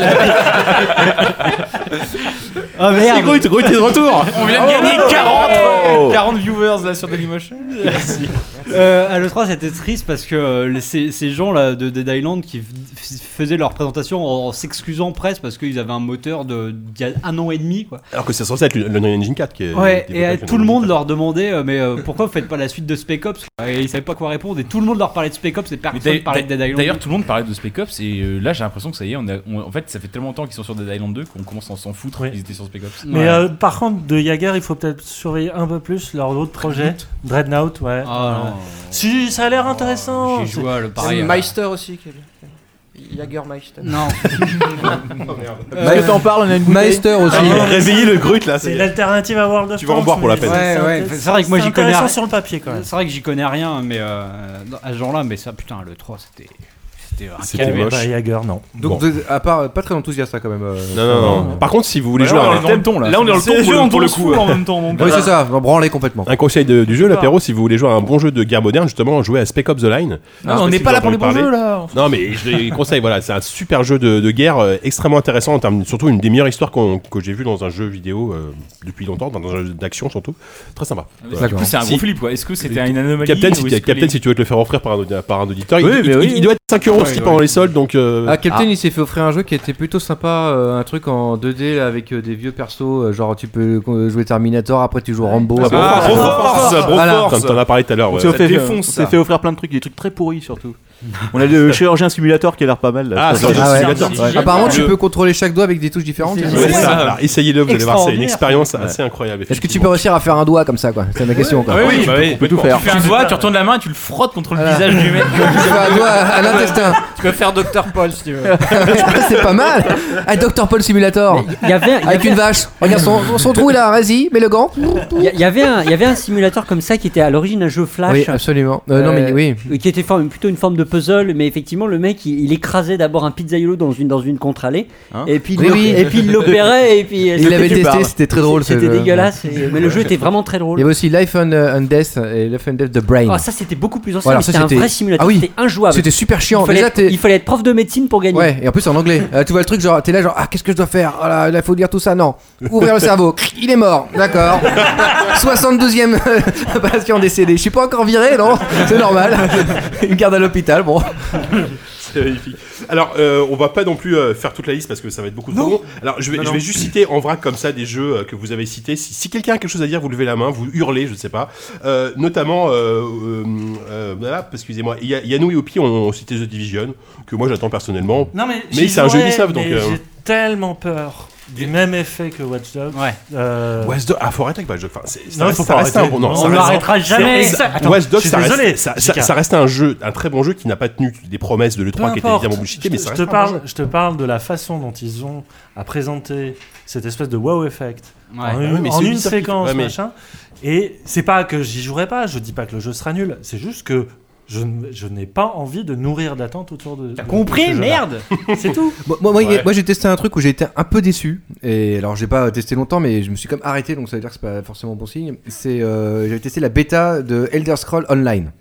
Speaker 9: Ah merde.
Speaker 18: Grut, Grut est de retour.
Speaker 9: On vient de gagner
Speaker 18: 40.
Speaker 9: 40
Speaker 18: viewers là sur Dailymotion.
Speaker 9: Merci. Euh, à l'E3, c'était triste parce que euh, les- ces, ces gens là de Dead Island qui f- f- faisaient leur présentation en, en s'excusant presque parce qu'ils avaient un moteur de- d'il y a un an et demi quoi.
Speaker 2: Alors que c'est censé être le Unreal Engine 4 qui est.
Speaker 9: Ouais,
Speaker 2: qui est
Speaker 9: et euh,
Speaker 2: développé
Speaker 9: tout le monde leur demandait euh, mais euh, pourquoi vous faites pas la suite de Spec Ops Et ils savaient pas quoi répondre et tout le monde leur parlait de Spec Ops et personne
Speaker 7: D'ailleurs-
Speaker 9: parlait de Dead Island.
Speaker 7: D'ailleurs, tout le monde parlait de Spec Ops et euh, là, j'ai l'impression que ça y est, on a- on- en fait, ça fait tellement longtemps qu'ils sont sur Dead Island 2 qu'on commence à s'en foutre. Ils étaient sur Spec Ops.
Speaker 8: Mais euh, par contre, de Jagger, il faut peut-être surveiller un peu plus leur autre projet. Dreadnought, ouais.
Speaker 18: Ah,
Speaker 8: Ouais.
Speaker 18: non.
Speaker 8: Si, ça a l'air intéressant.
Speaker 18: J'ai joué à le pareil. Meister aussi. Oh, qui est bien. Jagermeister.
Speaker 9: Non.
Speaker 18: Parce que t'en parles, on a une bouteille.
Speaker 5: Meister aussi.
Speaker 18: Ah,
Speaker 2: réveillez le Grut, là,
Speaker 8: C'est
Speaker 2: c'est-
Speaker 8: l'alternative à World of
Speaker 2: Tu vas en
Speaker 8: Tanks,
Speaker 2: boire pour la
Speaker 8: mais
Speaker 2: peine.
Speaker 8: c'est-
Speaker 9: Ouais, ouais,
Speaker 8: c'est-
Speaker 9: c'est vrai que moi j'y connais
Speaker 8: intéressant
Speaker 9: rien.
Speaker 8: sur le papier quand même.
Speaker 9: C'est vrai que j'y connais rien, mais euh, non, à ce genre-là, mais ça, putain, le 3, c'était. C'était un
Speaker 8: C'était
Speaker 9: calvaire.
Speaker 8: moche.
Speaker 5: Bah,
Speaker 8: Pas Jagger, non.
Speaker 5: Donc, vous êtes- à part, euh, pas très enthousiaste là, quand même. euh,
Speaker 2: Non, non, non. Par contre, si vous voulez jouer à un-
Speaker 10: Bah Là, on est dans le ton pour le- pour le coup.
Speaker 5: Oui, c'est ça, on branlait complètement.
Speaker 2: hein. Un conseil de- du jeu, l'apéro, si vous voulez jouer à un bon jeu de guerre moderne, justement, jouez à Spec Ops The Line.
Speaker 18: Non,
Speaker 2: Je sais
Speaker 18: on
Speaker 2: pas
Speaker 18: n'est
Speaker 2: si
Speaker 18: pas
Speaker 2: vous
Speaker 18: là pour les
Speaker 2: entendez
Speaker 18: bons
Speaker 2: parler.
Speaker 18: jeux, là.
Speaker 2: Non, mais je les conseille, voilà, c'est un super jeu de, de guerre euh, extrêmement intéressant, en termes, surtout une des meilleures histoires qu'on- que j'ai vues dans un jeu vidéo euh, depuis longtemps, dans un jeu d'action surtout. Très sympa.
Speaker 7: Ah, mais du coup, c'est un gros flip, quoi. Est-ce que c'était une anomalie
Speaker 2: Captain,
Speaker 7: ou
Speaker 2: si,
Speaker 7: est-ce que
Speaker 2: Captain,
Speaker 7: les-
Speaker 2: si tu veux te le faire offrir par un, audi- par un auditeur,
Speaker 5: Oui,
Speaker 2: il,
Speaker 5: mais
Speaker 2: il-
Speaker 5: oui.
Speaker 2: il doit être 5 euros aussi
Speaker 5: Ouais,
Speaker 2: pendant
Speaker 5: ouais.
Speaker 2: les soldes, donc. euh,
Speaker 5: Ah, Captain, il s'est fait offrir un jeu qui était plutôt sympa, euh, un truc en 2D là, avec euh, des vieux persos, euh, genre tu peux euh, jouer Terminator, après tu joues Rambo.
Speaker 2: bah,
Speaker 5: après-
Speaker 10: Ah, Broforce,
Speaker 5: Voilà.
Speaker 10: Broforce.
Speaker 2: Comme t'en as parlé tout à l'heure,
Speaker 10: On
Speaker 2: ouais.
Speaker 10: s'est
Speaker 2: Ça
Speaker 10: fait, on
Speaker 2: défonce,
Speaker 10: s'est
Speaker 2: ça.
Speaker 10: fait offrir plein de trucs, des trucs très pourris surtout. On a le chirurgien simulator qui a l'air pas mal. là.
Speaker 2: Ah,
Speaker 10: Je sais pas si
Speaker 2: chirurgien
Speaker 10: c'est-
Speaker 2: simulator.
Speaker 10: c'est- c'est-
Speaker 5: Ah, Apparemment, tu
Speaker 10: le-
Speaker 5: peux contrôler chaque doigt avec des touches différentes.
Speaker 2: C'est Ouais, ça, ça. alors, essayez-le, vous allez voir, c'est une expérience assez incroyable.
Speaker 5: Est-ce que tu peux réussir à faire un doigt comme ça, quoi C'est ma question. Quoi.
Speaker 7: Ah oui, bah oui,
Speaker 5: tu peux tout faire.
Speaker 7: Tu fais un doigt, tu retournes la main et tu le frottes contre le
Speaker 5: Voilà.
Speaker 7: visage du mec.
Speaker 5: Tu fais un doigt à l'intestin.
Speaker 18: Tu peux faire Dr Paul si tu veux.
Speaker 5: c'est pas mal. Ah, Dr Paul Simulator.
Speaker 4: il y avait- il y
Speaker 5: avec
Speaker 4: avait- Oh.
Speaker 5: une vache. Regarde son, son trou, il a un rési, mets le gant.
Speaker 4: Il y, a- il y avait un- il y avait un simulateur comme ça qui était à l'origine un jeu flash.
Speaker 5: Oui, absolument. Euh, non, mais
Speaker 4: oui. Qui était forme- plutôt une forme de puzzle, mais effectivement, le mec il, il écrasait d'abord un pizzaïolo dans une, dans une contre-allée,
Speaker 2: Hein
Speaker 4: et puis il
Speaker 5: Oui,
Speaker 4: l'op-
Speaker 5: oui.
Speaker 4: et puis il l'opérait, et puis. euh,
Speaker 5: Il l'avait testé, c'était très drôle. ce
Speaker 4: C'était
Speaker 5: jeu.
Speaker 4: dégueulasse, et- mais le jeu était vraiment très
Speaker 5: Il y
Speaker 4: drôle.
Speaker 5: avait aussi Life and, euh, and Death et Life and Death The Brain.
Speaker 4: Ah, ça c'était beaucoup plus ancien,
Speaker 5: Voilà,
Speaker 4: mais
Speaker 5: ça,
Speaker 4: c'était un
Speaker 5: c'était-
Speaker 4: vrai simulateur,
Speaker 5: Ah oui.
Speaker 4: c'était injouable.
Speaker 5: C'était super chiant.
Speaker 4: Il fallait,
Speaker 5: Déjà, t'es-
Speaker 4: il fallait être prof de médecine pour gagner.
Speaker 5: Ouais, et en plus en anglais. Euh, tu vois le truc, genre, t'es là, genre, ah, qu'est-ce que je dois faire Ah là, il faut dire tout ça, non. Ouvrir le cerveau, Cric, il est mort, d'accord. 72ème patient décédé. Je suis pas encore viré, non C'est normal. Une garde à l'hôpital, bon.
Speaker 2: C'est magnifique. Alors, euh, on va pas non plus euh, faire toute la liste parce que ça va être beaucoup trop long. Alors, je vais,
Speaker 5: Non,
Speaker 2: je
Speaker 5: non.
Speaker 2: vais juste citer en vrac comme ça des jeux euh, que vous avez cités. Si, si quelqu'un a quelque chose à dire, vous levez la main, vous hurlez, je ne sais pas. Euh, notamment, euh, euh, euh, voilà, parce que, excusez-moi, Ya- Yanou et Opi ont, ont cité The Division, que moi j'attends personnellement.
Speaker 8: Non, mais, j'y
Speaker 2: c'est un jeu
Speaker 8: jouerai,
Speaker 2: Ubisoft, donc.
Speaker 8: mais
Speaker 2: euh,
Speaker 8: J'ai tellement peur du même effet que Watch Dogs. Ouais.
Speaker 2: West Dog, ah, faut arrêter avec Watch Dogs. Enfin, c'est- ça
Speaker 8: Non,
Speaker 2: reste-
Speaker 8: faut
Speaker 2: ça
Speaker 8: pas
Speaker 2: reste
Speaker 8: arrêter.
Speaker 2: un bon. non,
Speaker 8: On
Speaker 2: ça reste-
Speaker 8: l'arrêtera jamais.
Speaker 2: c'est- ça-
Speaker 8: Attends,
Speaker 2: West Dog,
Speaker 8: je suis
Speaker 2: ça reste,
Speaker 8: désolé,
Speaker 2: ça, ça-
Speaker 8: Jika.
Speaker 2: ça reste un jeu, un très bon jeu qui n'a pas tenu des promesses de l'E3 qui était
Speaker 8: importe.
Speaker 2: évidemment bullshité,
Speaker 8: Je
Speaker 2: mais
Speaker 8: te- je
Speaker 2: ça reste
Speaker 8: te
Speaker 2: un bon
Speaker 8: parle,
Speaker 2: jeu.
Speaker 8: je te parle de la façon dont ils ont à présenter cette espèce de wow effect
Speaker 2: Ouais.
Speaker 8: en,
Speaker 2: Ah
Speaker 8: une,
Speaker 2: oui, mais
Speaker 8: en
Speaker 2: c'est
Speaker 8: une
Speaker 2: Ubisoft qui-
Speaker 8: séquence
Speaker 2: ouais, mais-
Speaker 8: machin. Et c'est pas que j'y jouerai pas, je dis pas que le jeu sera nul, c'est juste que je, n- je n'ai pas envie de nourrir d'attente autour de. T'as
Speaker 9: compris, merde C'est tout.
Speaker 5: Moi, moi, moi,
Speaker 8: Ouais.
Speaker 5: moi, j'ai testé un truc où j'ai été un peu déçu. Et alors, j'ai pas testé longtemps, mais je me suis quand même arrêté, donc ça veut dire que c'est pas forcément bon signe. C'est, euh, j'avais testé la bêta de Elder Scroll Online.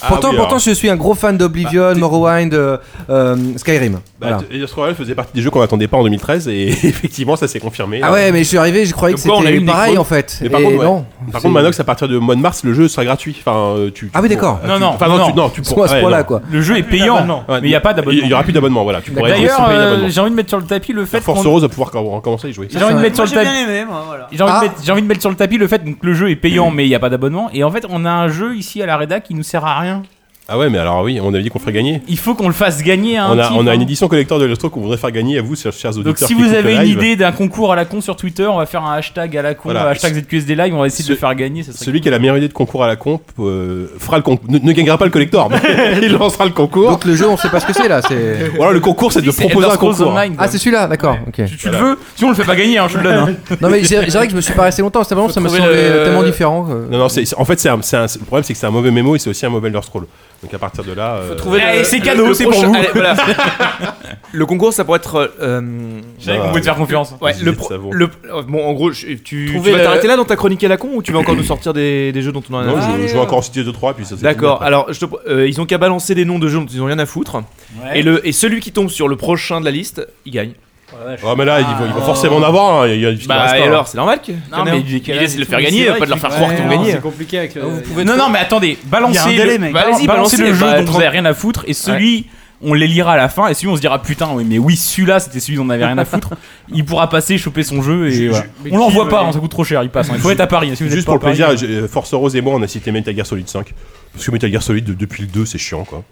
Speaker 2: Ah
Speaker 5: Pourtant,
Speaker 2: oui, alors.
Speaker 5: pourtant, je suis un gros fan d'Oblivion, Morrowind, euh, euh, Skyrim.
Speaker 2: Bah,
Speaker 5: Voilà.
Speaker 2: t- Elder Scrolls faisait partie des jeux qu'on n'attendait pas en 2013 et effectivement ça s'est confirmé.
Speaker 5: Ah ouais, mais je suis arrivé, je croyais que
Speaker 2: Comme quoi, on a
Speaker 5: c'était
Speaker 2: eu une
Speaker 5: pareil,
Speaker 2: décro-
Speaker 5: en fait.
Speaker 2: Mais par
Speaker 5: Et
Speaker 2: contre, ouais.
Speaker 5: non.
Speaker 2: Par
Speaker 5: C'est-
Speaker 2: contre, Manox, à partir du mois de mars, le jeu sera gratuit. Enfin, euh, tu, tu
Speaker 5: Ah oui,
Speaker 2: pour-
Speaker 5: d'accord.
Speaker 2: euh,
Speaker 7: Non,
Speaker 2: tu-
Speaker 7: non,
Speaker 2: enfin, non,
Speaker 7: non.
Speaker 2: tu- non, tu
Speaker 5: C'est
Speaker 2: pour-
Speaker 5: à ce
Speaker 2: ouais,
Speaker 5: point-là,
Speaker 2: non.
Speaker 5: quoi.
Speaker 7: Le jeu est payant, mais il n'y a pas d'abonnement.
Speaker 2: Il n'y aura plus d'abonnement, voilà. Tu pourrais
Speaker 7: D'ailleurs,
Speaker 2: payer
Speaker 7: euh,
Speaker 2: l'abonnement.
Speaker 7: j'ai envie de mettre sur le tapis le fait
Speaker 2: Force
Speaker 7: qu'on-
Speaker 2: Rose va pouvoir com- commencer à y jouer.
Speaker 7: J'ai envie de mettre sur le
Speaker 6: Moi, j'ai
Speaker 7: tapis.
Speaker 6: bien aimé, moi, voilà.
Speaker 7: J'ai envie,
Speaker 6: Ah.
Speaker 7: de mettre, j'ai envie de mettre sur le tapis le fait donc, que le jeu est payant mais il n'y a pas d'abonnement et en fait on a un jeu ici à la Reda qui nous sert à rien.
Speaker 2: Ah ouais, mais alors oui, on avait dit qu'on ferait gagner.
Speaker 7: Il faut qu'on le fasse gagner à un
Speaker 2: On a,
Speaker 7: type,
Speaker 2: on a
Speaker 7: hein.
Speaker 2: une édition collector de Lostro qu'on voudrait faire gagner à vous, chers chers auditeurs.
Speaker 7: Donc si
Speaker 2: qui
Speaker 7: vous
Speaker 2: écoutent
Speaker 7: avez
Speaker 2: le
Speaker 7: une
Speaker 2: live.
Speaker 7: idée d'un concours à la con sur Twitter, on va faire un hashtag à la con,
Speaker 2: Voilà.
Speaker 7: un hashtag ZQSD live, on va essayer de le faire gagner. Ça serait
Speaker 2: Celui qui a la meilleure idée de concours à la comp euh, fera le concours. Ne, ne gagnera pas le collector, mais il lancera le concours.
Speaker 5: Donc le jeu, on sait pas ce que c'est là. C'est.
Speaker 2: Voilà, le concours, c'est de
Speaker 7: Si, c'est
Speaker 2: proposer
Speaker 7: Elder
Speaker 2: un
Speaker 7: Scrolls
Speaker 2: concours.
Speaker 7: Online, quoi.
Speaker 5: Ah, c'est celui-là, d'accord. ok.
Speaker 7: Tu le veux Sinon on le fait pas gagner, hein, je te le donne. hein.
Speaker 5: Non, mais c'est c'est vrai que je me suis pas resté longtemps, c'est vraiment, ça me
Speaker 7: trouver
Speaker 5: semblait
Speaker 7: le-
Speaker 5: tellement différent. que-
Speaker 2: Non, non, c'est, c'est- en fait, c'est un- c'est un- le problème, c'est que c'est un mauvais mémo et c'est aussi un mauvais Elder Scroll. Donc à partir de là, euh,
Speaker 10: Trouver le- le- le prochain- Allez, voilà. le concours, ça pourrait être. Euh,
Speaker 7: Je savais qu'on pouvait te faire confiance.
Speaker 10: Ouais,
Speaker 7: J'ai
Speaker 10: le
Speaker 7: dit
Speaker 10: pro-
Speaker 7: ça vaut.
Speaker 10: le- euh, bon, en gros, je- tu, tu
Speaker 7: Trouver
Speaker 10: vas
Speaker 7: le-
Speaker 10: t'arrêter là dans ta chronique à la con ou tu vas encore nous sortir des, des jeux dont on en a
Speaker 2: Non, je-
Speaker 10: parlé,
Speaker 2: je vais
Speaker 10: euh
Speaker 2: encore citer deux, trois, puis ça, c'est fini,
Speaker 10: D'accord,
Speaker 2: après.
Speaker 10: alors je te pro- euh, ils ont qu'à balancer des noms de jeux dont ils ont rien à foutre.
Speaker 2: Ouais.
Speaker 10: Et, le, et celui qui tombe sur le prochain de la liste, il gagne.
Speaker 2: Ah, mais là, ils vont, ils vont forcément en avoir. hein, il y a- il y a- il
Speaker 10: Bah,
Speaker 2: reste
Speaker 10: et
Speaker 2: un.
Speaker 10: alors, c'est normal que- Non, mais il- il laisse le faire gagner, pas de leur faire croire qu'ils ont gagné.
Speaker 13: compliqué avec le-
Speaker 7: non, non, mais attendez, balancez le, ba- balancez le jeu dont on n'avait rien à foutre et celui. On les lira à la fin et celui on se dira putain oui mais oui celui-là c'était celui dont on n'avait rien à foutre il pourra passer choper son jeu et voilà. on l'envoie pas hein, ça coûte trop cher il passe hein. il faut être à Paris Si vous êtes
Speaker 2: Juste
Speaker 7: pas
Speaker 2: pour le
Speaker 7: à Paris, hein.
Speaker 2: plaisir, j'ai- euh, Force Rose et moi, on a cité Metal Gear Solid 5. Parce que Metal Gear Solid, de- depuis le 2, c'est chiant, quoi.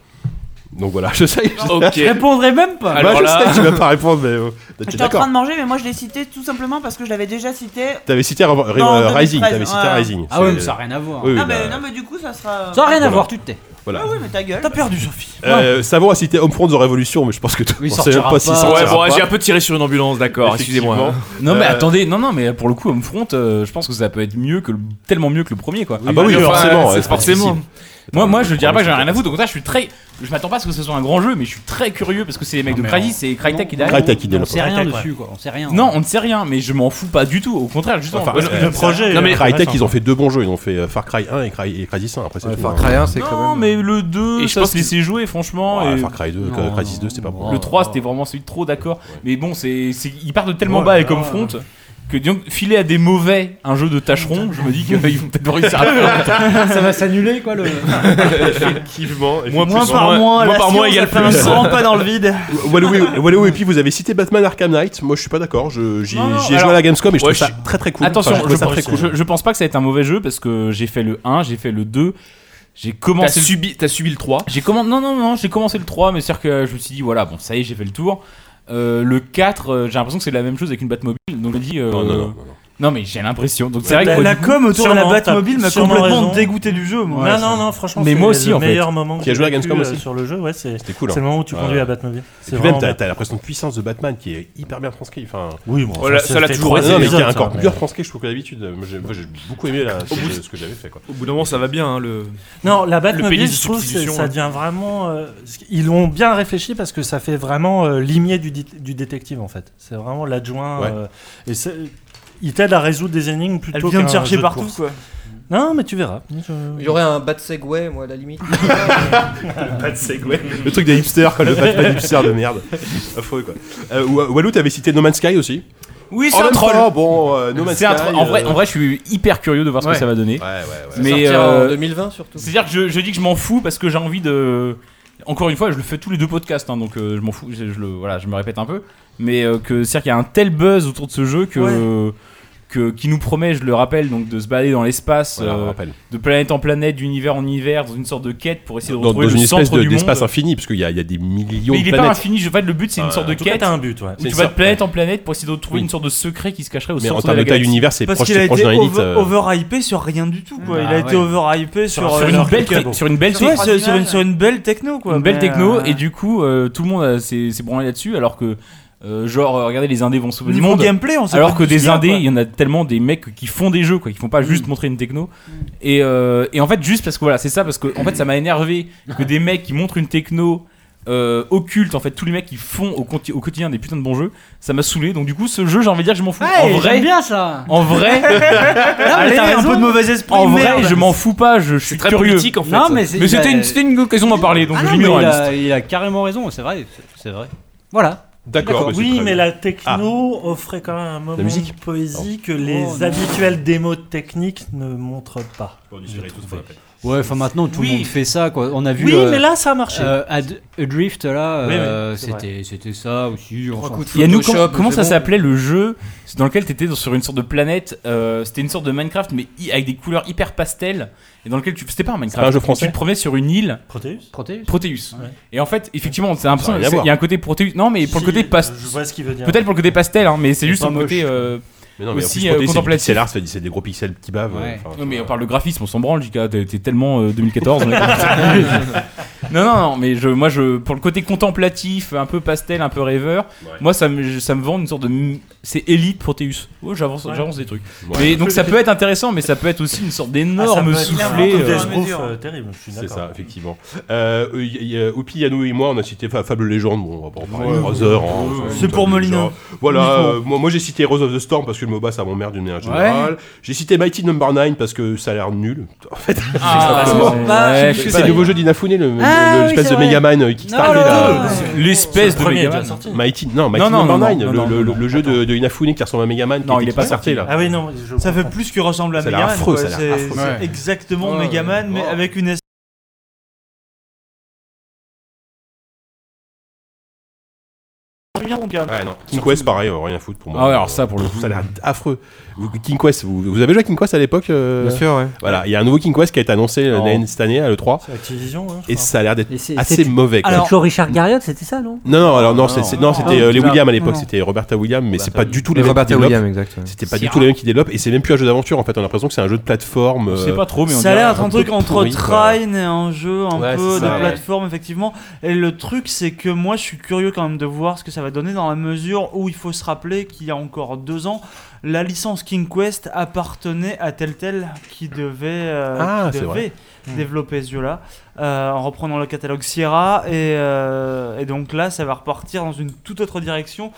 Speaker 2: Donc voilà, Ah, je sais. je sais.
Speaker 6: Je répondrai même pas.
Speaker 2: Bah,
Speaker 6: Alors
Speaker 2: je
Speaker 6: là-
Speaker 2: sais que tu vas pas répondre, mais euh, t'es
Speaker 6: J'étais en
Speaker 2: d'accord.
Speaker 6: train de manger, mais moi je l'ai cité tout simplement parce que je l'avais déjà cité.
Speaker 2: T'avais cité Re- Re-
Speaker 6: Dans
Speaker 2: euh,
Speaker 6: 2013,
Speaker 2: Rising, t'avais cité
Speaker 6: ouais.
Speaker 2: Rising.
Speaker 6: Ah ouais,
Speaker 2: C'est-
Speaker 6: mais ça a rien à voir.
Speaker 2: Oui, oui,
Speaker 6: Ah, mais non,
Speaker 2: bah,
Speaker 6: mais du coup, ça sera. euh,
Speaker 9: Ça a rien à
Speaker 2: Voilà.
Speaker 9: voir, tu te tais.
Speaker 2: Voilà.
Speaker 6: Ah oui, mais ta gueule. T'as perdu, Sophie.
Speaker 2: Euh, Savon a cité Homefront The Revolution, mais je pense que tout
Speaker 7: il
Speaker 2: on sait même
Speaker 7: sortira
Speaker 2: pas s'il
Speaker 7: pas.
Speaker 2: sortira
Speaker 7: Ouais, bon,
Speaker 2: pas.
Speaker 7: j'ai
Speaker 10: un peu tiré sur une ambulance, d'accord,
Speaker 7: excusez-moi.
Speaker 2: hein.
Speaker 7: Non
Speaker 10: Euh,
Speaker 7: mais attendez, non non mais pour le coup Homefront, euh, je pense que ça peut être mieux que le- tellement mieux que le premier quoi.
Speaker 2: Ah bah oui,
Speaker 7: Enfin,
Speaker 2: forcément,
Speaker 7: c'est
Speaker 2: ouais, c'est
Speaker 7: forcément.
Speaker 2: difficile.
Speaker 7: Moi moi je dirais pas que j'ai rien à foutre, donc là je suis très, je m'attends pas à ce que ce soit un grand jeu, mais je suis très curieux parce que c'est les
Speaker 2: Ah,
Speaker 7: mecs de
Speaker 9: mais
Speaker 7: Crysis,
Speaker 9: on-
Speaker 7: c'est Crytek qui
Speaker 9: on-
Speaker 7: derrière.
Speaker 2: Crytek qui développe.
Speaker 9: On sait rien
Speaker 7: Crytek,
Speaker 9: dessus,
Speaker 7: ouais.
Speaker 9: quoi. On sait rien.
Speaker 7: Non on ne sait rien, mais je m'en fous pas du tout. Au contraire, justement.
Speaker 2: Enfin,
Speaker 7: parce
Speaker 2: euh,
Speaker 7: que-
Speaker 2: non, mais Crytek, ils ont fait deux bons jeux. Ils ont fait euh, Far Cry 1 et, Cry- et Crysis 1. Après, c'est tout,
Speaker 7: Far
Speaker 2: hein.
Speaker 7: Cry 1, c'est quand Non, même- mais le 2,
Speaker 2: Et
Speaker 7: ça se laissait jouer, franchement.
Speaker 2: Ouais,
Speaker 7: et-
Speaker 2: Far Cry 2,
Speaker 7: Non,
Speaker 2: euh, Crysis 2, c'était pas bon.
Speaker 7: Le 3, c'était vraiment celui de trop, d'accord. Mais bon, c'est, c'est- ils partent de tellement bas avec Homefront que disons, filer à des mauvais un jeu de tâcheron, je me dis qu'ils vont peut-être pas réussir à faire.
Speaker 9: Ça va s'annuler, quoi. Le...
Speaker 2: effectivement,
Speaker 9: Moins par mois, la science a fait un grand pas dans le
Speaker 2: vide. Walou Euh, et puis vous avez cité Batman Arkham Knight. Moi je suis pas d'accord. Je- J'y
Speaker 7: Non, non,
Speaker 2: j'y ai
Speaker 7: alors-
Speaker 2: joué à la Gamescom et je
Speaker 7: Ouais,
Speaker 2: trouve ça
Speaker 7: suis-
Speaker 2: très très cool.
Speaker 7: Attention,
Speaker 2: Enfin, je
Speaker 7: je,
Speaker 2: trouve ça très
Speaker 7: pense,
Speaker 2: cool.
Speaker 7: je- je pense pas que ça va être un mauvais jeu parce que j'ai fait le 1, j'ai fait le 2. J'ai commencé.
Speaker 10: T'as subi-
Speaker 7: t'as subi le 3 J'ai commen- Non, non, non, j'ai commencé le 3, mais c'est-à-dire que je me suis dit, voilà, bon, ça y est, j'ai fait le tour. Euh, le 4, euh, j'ai l'impression que c'est la même chose avec une Batmobile. Donc je me dis. euh,
Speaker 2: Non, non, non, non, non.
Speaker 7: non, mais j'ai l'impression. Donc c'est
Speaker 12: La-
Speaker 7: vrai que.
Speaker 12: la
Speaker 7: du coup-
Speaker 12: com autour de la
Speaker 7: sûrement,
Speaker 12: Batmobile m'a
Speaker 7: sûrement
Speaker 12: complètement
Speaker 7: raison.
Speaker 12: dégoûté du jeu, moi.
Speaker 7: Ouais,
Speaker 12: Non,
Speaker 7: c'est-
Speaker 12: non, non, franchement,
Speaker 7: Mais
Speaker 12: c'est
Speaker 7: moi aussi,
Speaker 12: le
Speaker 7: en fait.
Speaker 12: meilleur moment
Speaker 2: Qui a joué à Gamescom aussi
Speaker 12: euh, sur le jeu, ouais, c'est-
Speaker 2: C'était cool. hein.
Speaker 12: c'est le moment où tu conduis
Speaker 2: Ouais.
Speaker 12: à Batmobile.
Speaker 2: Et
Speaker 12: C'est
Speaker 2: puis même,
Speaker 12: vraiment
Speaker 2: t'as
Speaker 12: bien.
Speaker 2: t'as l'impression de puissance de Batman qui est hyper bien transcrit. Enfin,
Speaker 12: Oui, bon, Voilà, ça, ça l'a c'était toujours
Speaker 2: Non,
Speaker 12: été.
Speaker 2: mais qui est
Speaker 12: Ça,
Speaker 2: encore
Speaker 12: mais-
Speaker 2: mieux transcrit, je trouve que d'habitude. Moi, j'ai moi, j'ai beaucoup aimé la- ce que- ce que j'avais fait. quoi.
Speaker 10: Au bout d'un moment, ça va bien, hein, le.
Speaker 12: Non, la
Speaker 10: le pays
Speaker 12: Batmobile,
Speaker 10: des
Speaker 12: je trouve que
Speaker 10: substitutions,
Speaker 12: ça
Speaker 10: hein.
Speaker 12: devient vraiment. euh, ils l'ont bien réfléchi parce que ça fait vraiment euh, limier du, dit- du détective en fait. C'est vraiment l'adjoint.
Speaker 2: Ouais.
Speaker 12: euh, et c'est- il t'aide à résoudre des énigmes plutôt.
Speaker 18: Elle vient
Speaker 12: qu'un
Speaker 18: te chercher
Speaker 12: jeu de
Speaker 18: partout,
Speaker 12: course.
Speaker 18: quoi.
Speaker 12: Non, mais tu verras.
Speaker 18: Il y aurait un bas de Segway, moi, à la limite.
Speaker 2: Pas de Segway. Le truc des hipsters, quoi, le Batman hipster de merde. Affreux quoi. Euh, Wa- Walou, t'avais cité No Man's Sky aussi Oh,
Speaker 7: Oui,
Speaker 2: En
Speaker 7: c'est un
Speaker 2: même
Speaker 7: Oh, troll.
Speaker 2: temps, Bon, euh, No Man's
Speaker 7: C'est
Speaker 2: Sky.
Speaker 7: un troll. En vrai,
Speaker 2: euh,
Speaker 7: en vrai, je suis hyper curieux de voir ce
Speaker 2: Ouais.
Speaker 7: que ça va donner. euh,
Speaker 2: Ouais, ouais, ouais.
Speaker 18: Ça sortira en 2020 surtout.
Speaker 7: C'est-à-dire que je, je dis que je m'en fous parce que j'ai envie de. Encore une fois, je le fais tous les deux podcasts, hein, donc euh, je m'en fous. Je, je le, voilà, je me répète un peu, mais euh, que c'est-à-dire qu'il y a un tel buzz autour de ce jeu que. Que, qui nous promet, je le rappelle, donc de se balader dans l'espace,
Speaker 2: Voilà, on
Speaker 7: euh,
Speaker 2: rappelle.
Speaker 7: de planète en planète, d'univers en univers, dans une sorte de quête pour essayer de
Speaker 2: Dans, dans
Speaker 7: retrouver
Speaker 2: une
Speaker 7: le
Speaker 2: espèce
Speaker 7: centre
Speaker 2: de-
Speaker 7: du monde.
Speaker 2: d'espace infini, parce qu'il y, a- il y a des millions
Speaker 7: Mais
Speaker 2: de
Speaker 7: il est
Speaker 2: planètes.
Speaker 7: pas infini, je vois le but, c'est une
Speaker 2: Euh,
Speaker 7: sorte de
Speaker 2: en tout cas,
Speaker 7: quête.
Speaker 2: t'as un but,
Speaker 7: où
Speaker 2: ouais. C'est
Speaker 7: tu
Speaker 2: une
Speaker 7: vas de
Speaker 2: sorte-
Speaker 7: planète en planète pour essayer de trouver
Speaker 2: Oui.
Speaker 7: une sorte de secret qui se cacherait au
Speaker 2: Mais en
Speaker 7: centre de
Speaker 2: termes
Speaker 7: la
Speaker 2: de taille
Speaker 7: galaxie.
Speaker 2: d'univers, c'est
Speaker 12: Parce
Speaker 2: proche-
Speaker 12: qu'il a
Speaker 2: proche
Speaker 12: été
Speaker 2: d'un Elite,
Speaker 12: over-
Speaker 2: euh.
Speaker 12: overhypé sur rien du tout. Quoi. il a
Speaker 7: Ah
Speaker 12: été
Speaker 7: ouais.
Speaker 12: overhypé sur,
Speaker 7: Sur
Speaker 12: euh,
Speaker 7: une belle
Speaker 12: truc,
Speaker 7: te-
Speaker 12: euh,
Speaker 7: sur une belle
Speaker 12: tu vois,
Speaker 7: techno.
Speaker 12: sur, sur une, sur une belle techno. Quoi.
Speaker 7: Une belle
Speaker 12: Mais,
Speaker 7: techno,
Speaker 12: euh,
Speaker 7: et du coup, euh, tout le monde euh, s'est s'est branlé là-dessus, alors que. euh, genre, euh, regardez, les indés vont sauver le
Speaker 12: Niveau
Speaker 7: monde.
Speaker 12: gameplay, on sait
Speaker 7: alors
Speaker 12: pas
Speaker 7: que
Speaker 12: tout ce qu'il
Speaker 7: des
Speaker 12: y a,
Speaker 7: indés,
Speaker 12: quoi. Mm.
Speaker 7: il y en a tellement des mecs qui font des jeux, quoi, qui font pas juste montrer une techno. Et, euh, et en fait, juste parce que voilà, c'est ça, parce que en fait, ça m'a énervé que des mecs qui montrent une techno euh, occulte, en fait, tous les mecs qui font au, conti- au quotidien des putains de bons jeux, ça m'a saoulé. Donc, du coup, ce jeu, j'ai envie de dire, je m'en fous.
Speaker 9: Ouais,
Speaker 7: en vrai,
Speaker 9: j'aime bien ça.
Speaker 7: en vrai,
Speaker 9: Non, mais t'as
Speaker 7: Allez,
Speaker 9: raison.
Speaker 7: En vrai, je m'en fous pas, je suis
Speaker 9: très
Speaker 7: curieux.
Speaker 9: politique, en fait. Non, mais c'est- il
Speaker 7: c'était
Speaker 9: a-
Speaker 7: une, c'était une occasion d'en parler, donc
Speaker 9: Ah
Speaker 7: je
Speaker 9: non,
Speaker 7: l'ai mis
Speaker 9: mais
Speaker 7: dans
Speaker 9: il,
Speaker 7: la
Speaker 9: a,
Speaker 7: liste.
Speaker 9: il a carrément raison, c'est vrai. c'est- C'est vrai. Voilà. Ah.
Speaker 2: D'accord, mais c'est
Speaker 12: Oui,
Speaker 2: très
Speaker 12: mais
Speaker 2: bien.
Speaker 12: la techno offrait quand même un moment
Speaker 2: musique
Speaker 12: de poésie que les
Speaker 9: Oh, non.
Speaker 12: habituelles démos techniques ne montrent pas. je trouve.
Speaker 9: Ouais, enfin maintenant tout
Speaker 12: Oui.
Speaker 9: le monde fait ça quoi. On a vu.
Speaker 12: Oui, mais là, ça a marché.
Speaker 9: euh, Ad- Adrift là,
Speaker 12: Oui, oui,
Speaker 9: euh,
Speaker 12: c'est
Speaker 9: c'était c'était ça aussi. on s'en fout.
Speaker 7: Il y a nous, comment, comment ça s'appelait le jeu dans lequel t'étais dans- sur une sorte de planète euh, C'était une sorte de Minecraft, mais hi- avec des couleurs hyper pastel. Et dans lequel tu. C'était pas un Minecraft.
Speaker 2: pas un jeu
Speaker 7: tu-
Speaker 2: français
Speaker 7: Tu te Ah, promets sur une île.
Speaker 12: Proteus
Speaker 9: Proteus.
Speaker 7: Et en fait, effectivement, c'est l'impression.
Speaker 2: Ça a rien à
Speaker 7: c'est-
Speaker 2: voir.
Speaker 7: Il y a un côté Proteus. Non, mais pour le côté pastel.
Speaker 12: je vois ce qu'il veut dire.
Speaker 7: Peut-être pour le côté pastel, hein, mais c'est
Speaker 2: C'est
Speaker 7: juste
Speaker 2: pas
Speaker 7: un côté.
Speaker 2: moche.
Speaker 7: euh,
Speaker 2: Mais non, mais
Speaker 7: aussi
Speaker 2: aussi,
Speaker 7: euh, contemplatif.
Speaker 2: c'est l'art, c'est c'est des gros pixels qui bavent.
Speaker 7: Ouais.
Speaker 2: enfin,
Speaker 7: non, mais on parle de graphisme, on s'en branle, JK, t'es t'es tellement euh, 2014. on est pas- non, non, non, mais je, moi, je, pour le côté contemplatif, un peu pastel, un peu rêveur, moi, ça me, je- ça me vend une sorte de m- c'est Elite Proteus. Oh, j'avance,
Speaker 11: Ouais.
Speaker 7: j'avance des trucs.
Speaker 11: Ouais.
Speaker 7: Mais donc ça peut être intéressant, mais ça peut être aussi une sorte d'énorme
Speaker 2: Ah, ça peut être
Speaker 7: soufflé.
Speaker 2: énorme.
Speaker 7: euh,
Speaker 2: Death Proof, euh,
Speaker 8: terrible, je suis
Speaker 2: C'est
Speaker 8: d'accord.
Speaker 2: ça, effectivement. Euh, y- y- euh, Oupi, Yannou et moi, on a cité Fa- Fable Légende. Bon, on va pas en parler
Speaker 8: Ouais.
Speaker 2: 3 heures. hein.
Speaker 8: Ouais.
Speaker 2: Enfin,
Speaker 8: C'est pour
Speaker 2: déjà.
Speaker 8: Molino.
Speaker 2: Voilà,
Speaker 8: Uniquement.
Speaker 2: euh, moi, moi, j'ai cité Rose of the Storm parce que le MOBA, ça m'emmerde d'une manière générale.
Speaker 8: Ouais.
Speaker 2: J'ai cité Mighty Number 9 parce que ça a l'air nul. En fait, c'est
Speaker 7: Ah,
Speaker 2: exactement.
Speaker 7: ouais, ouais, je sais
Speaker 2: c'est
Speaker 7: pas.
Speaker 2: le nouveau jeu d'Inafune, le-
Speaker 7: Ah,
Speaker 2: le-
Speaker 7: oui,
Speaker 2: l'espèce
Speaker 7: c'est
Speaker 2: de
Speaker 7: vrai.
Speaker 2: Megaman euh, Kickstarter.
Speaker 7: Non,
Speaker 2: là.
Speaker 7: non, non. L'espèce de
Speaker 2: Le premier est
Speaker 7: Megaman.
Speaker 2: déjà sorti. Mighty, non,
Speaker 7: Non, non,
Speaker 2: Mighty Number
Speaker 7: non,
Speaker 2: 9,
Speaker 7: non,
Speaker 2: le-
Speaker 7: non,
Speaker 2: le- le jeu de de Inafune qui ressemble à Megaman. qui
Speaker 7: Non, il
Speaker 2: était
Speaker 7: est pas sorti,
Speaker 2: là.
Speaker 12: Ah oui, non, je
Speaker 8: ça fait plus que ressemble à
Speaker 2: Ça a l'air
Speaker 8: Megaman.
Speaker 2: affreux,
Speaker 8: quoi.
Speaker 2: ça a
Speaker 8: C'est
Speaker 2: l'air affreux.
Speaker 8: c'est
Speaker 2: Ouais.
Speaker 8: exactement
Speaker 12: Ouais, ouais.
Speaker 8: Megaman, mais avec une
Speaker 2: Ouais, non. King Quest, pareil, euh, rien à foutre pour moi.
Speaker 7: Ah ouais, alors ça, pour le coup.
Speaker 2: Ça a l'air affreux. Vous- King Quest, vous, vous avez joué à King Quest à l'époque euh,
Speaker 5: Bien sûr, ouais.
Speaker 2: Voilà, il y a un nouveau King Quest qui a été annoncé euh,
Speaker 4: Oh.
Speaker 2: l'année- cette année à l'E3.
Speaker 8: C'est Activision,
Speaker 12: hein,
Speaker 8: ouais,
Speaker 2: Et ça a l'air d'être
Speaker 4: Et c'est-
Speaker 2: assez
Speaker 4: c'est-
Speaker 2: mauvais. quoi.
Speaker 4: C'est toujours Richard Garriott, c'était ça, non
Speaker 2: Non, non, alors non,
Speaker 4: Non,
Speaker 2: c'est- c'est-
Speaker 4: non,
Speaker 2: non, c'était
Speaker 4: non,
Speaker 2: euh, les
Speaker 4: non,
Speaker 2: Williams à l'époque,
Speaker 4: non.
Speaker 2: c'était Roberta Williams, mais c'est pas du tout
Speaker 5: Mais
Speaker 2: les mêmes
Speaker 5: Ah. Roberta
Speaker 2: qui développent.
Speaker 5: Williams, exact, ouais.
Speaker 2: C'était pas
Speaker 5: C'est
Speaker 2: du tout
Speaker 5: rare.
Speaker 2: les mêmes qui développent, et c'est même plus un jeu d'aventure en fait. On a l'impression que c'est un jeu de plateforme.
Speaker 7: On
Speaker 2: euh,
Speaker 7: sait pas trop,
Speaker 12: Ça a l'air d'être un truc
Speaker 2: peu
Speaker 12: entre
Speaker 2: pourri, quoi.
Speaker 12: Trine et un jeu un
Speaker 2: Ouais,
Speaker 12: peu
Speaker 2: c'est
Speaker 12: de
Speaker 2: ça, ouais.
Speaker 12: plateforme, effectivement. Et le truc, c'est que moi, je suis curieux quand même de voir ce que ça va donner dans la mesure où il faut se rappeler qu'il y a encore deux ans, la licence King Quest appartenait à Telltale qui devait, euh,
Speaker 2: Ah,
Speaker 12: qui
Speaker 2: c'est vrai.
Speaker 12: devait développer ce jeu-là euh, en reprenant le catalogue Sierra. Et, euh, et donc là, ça va repartir dans une toute autre direction.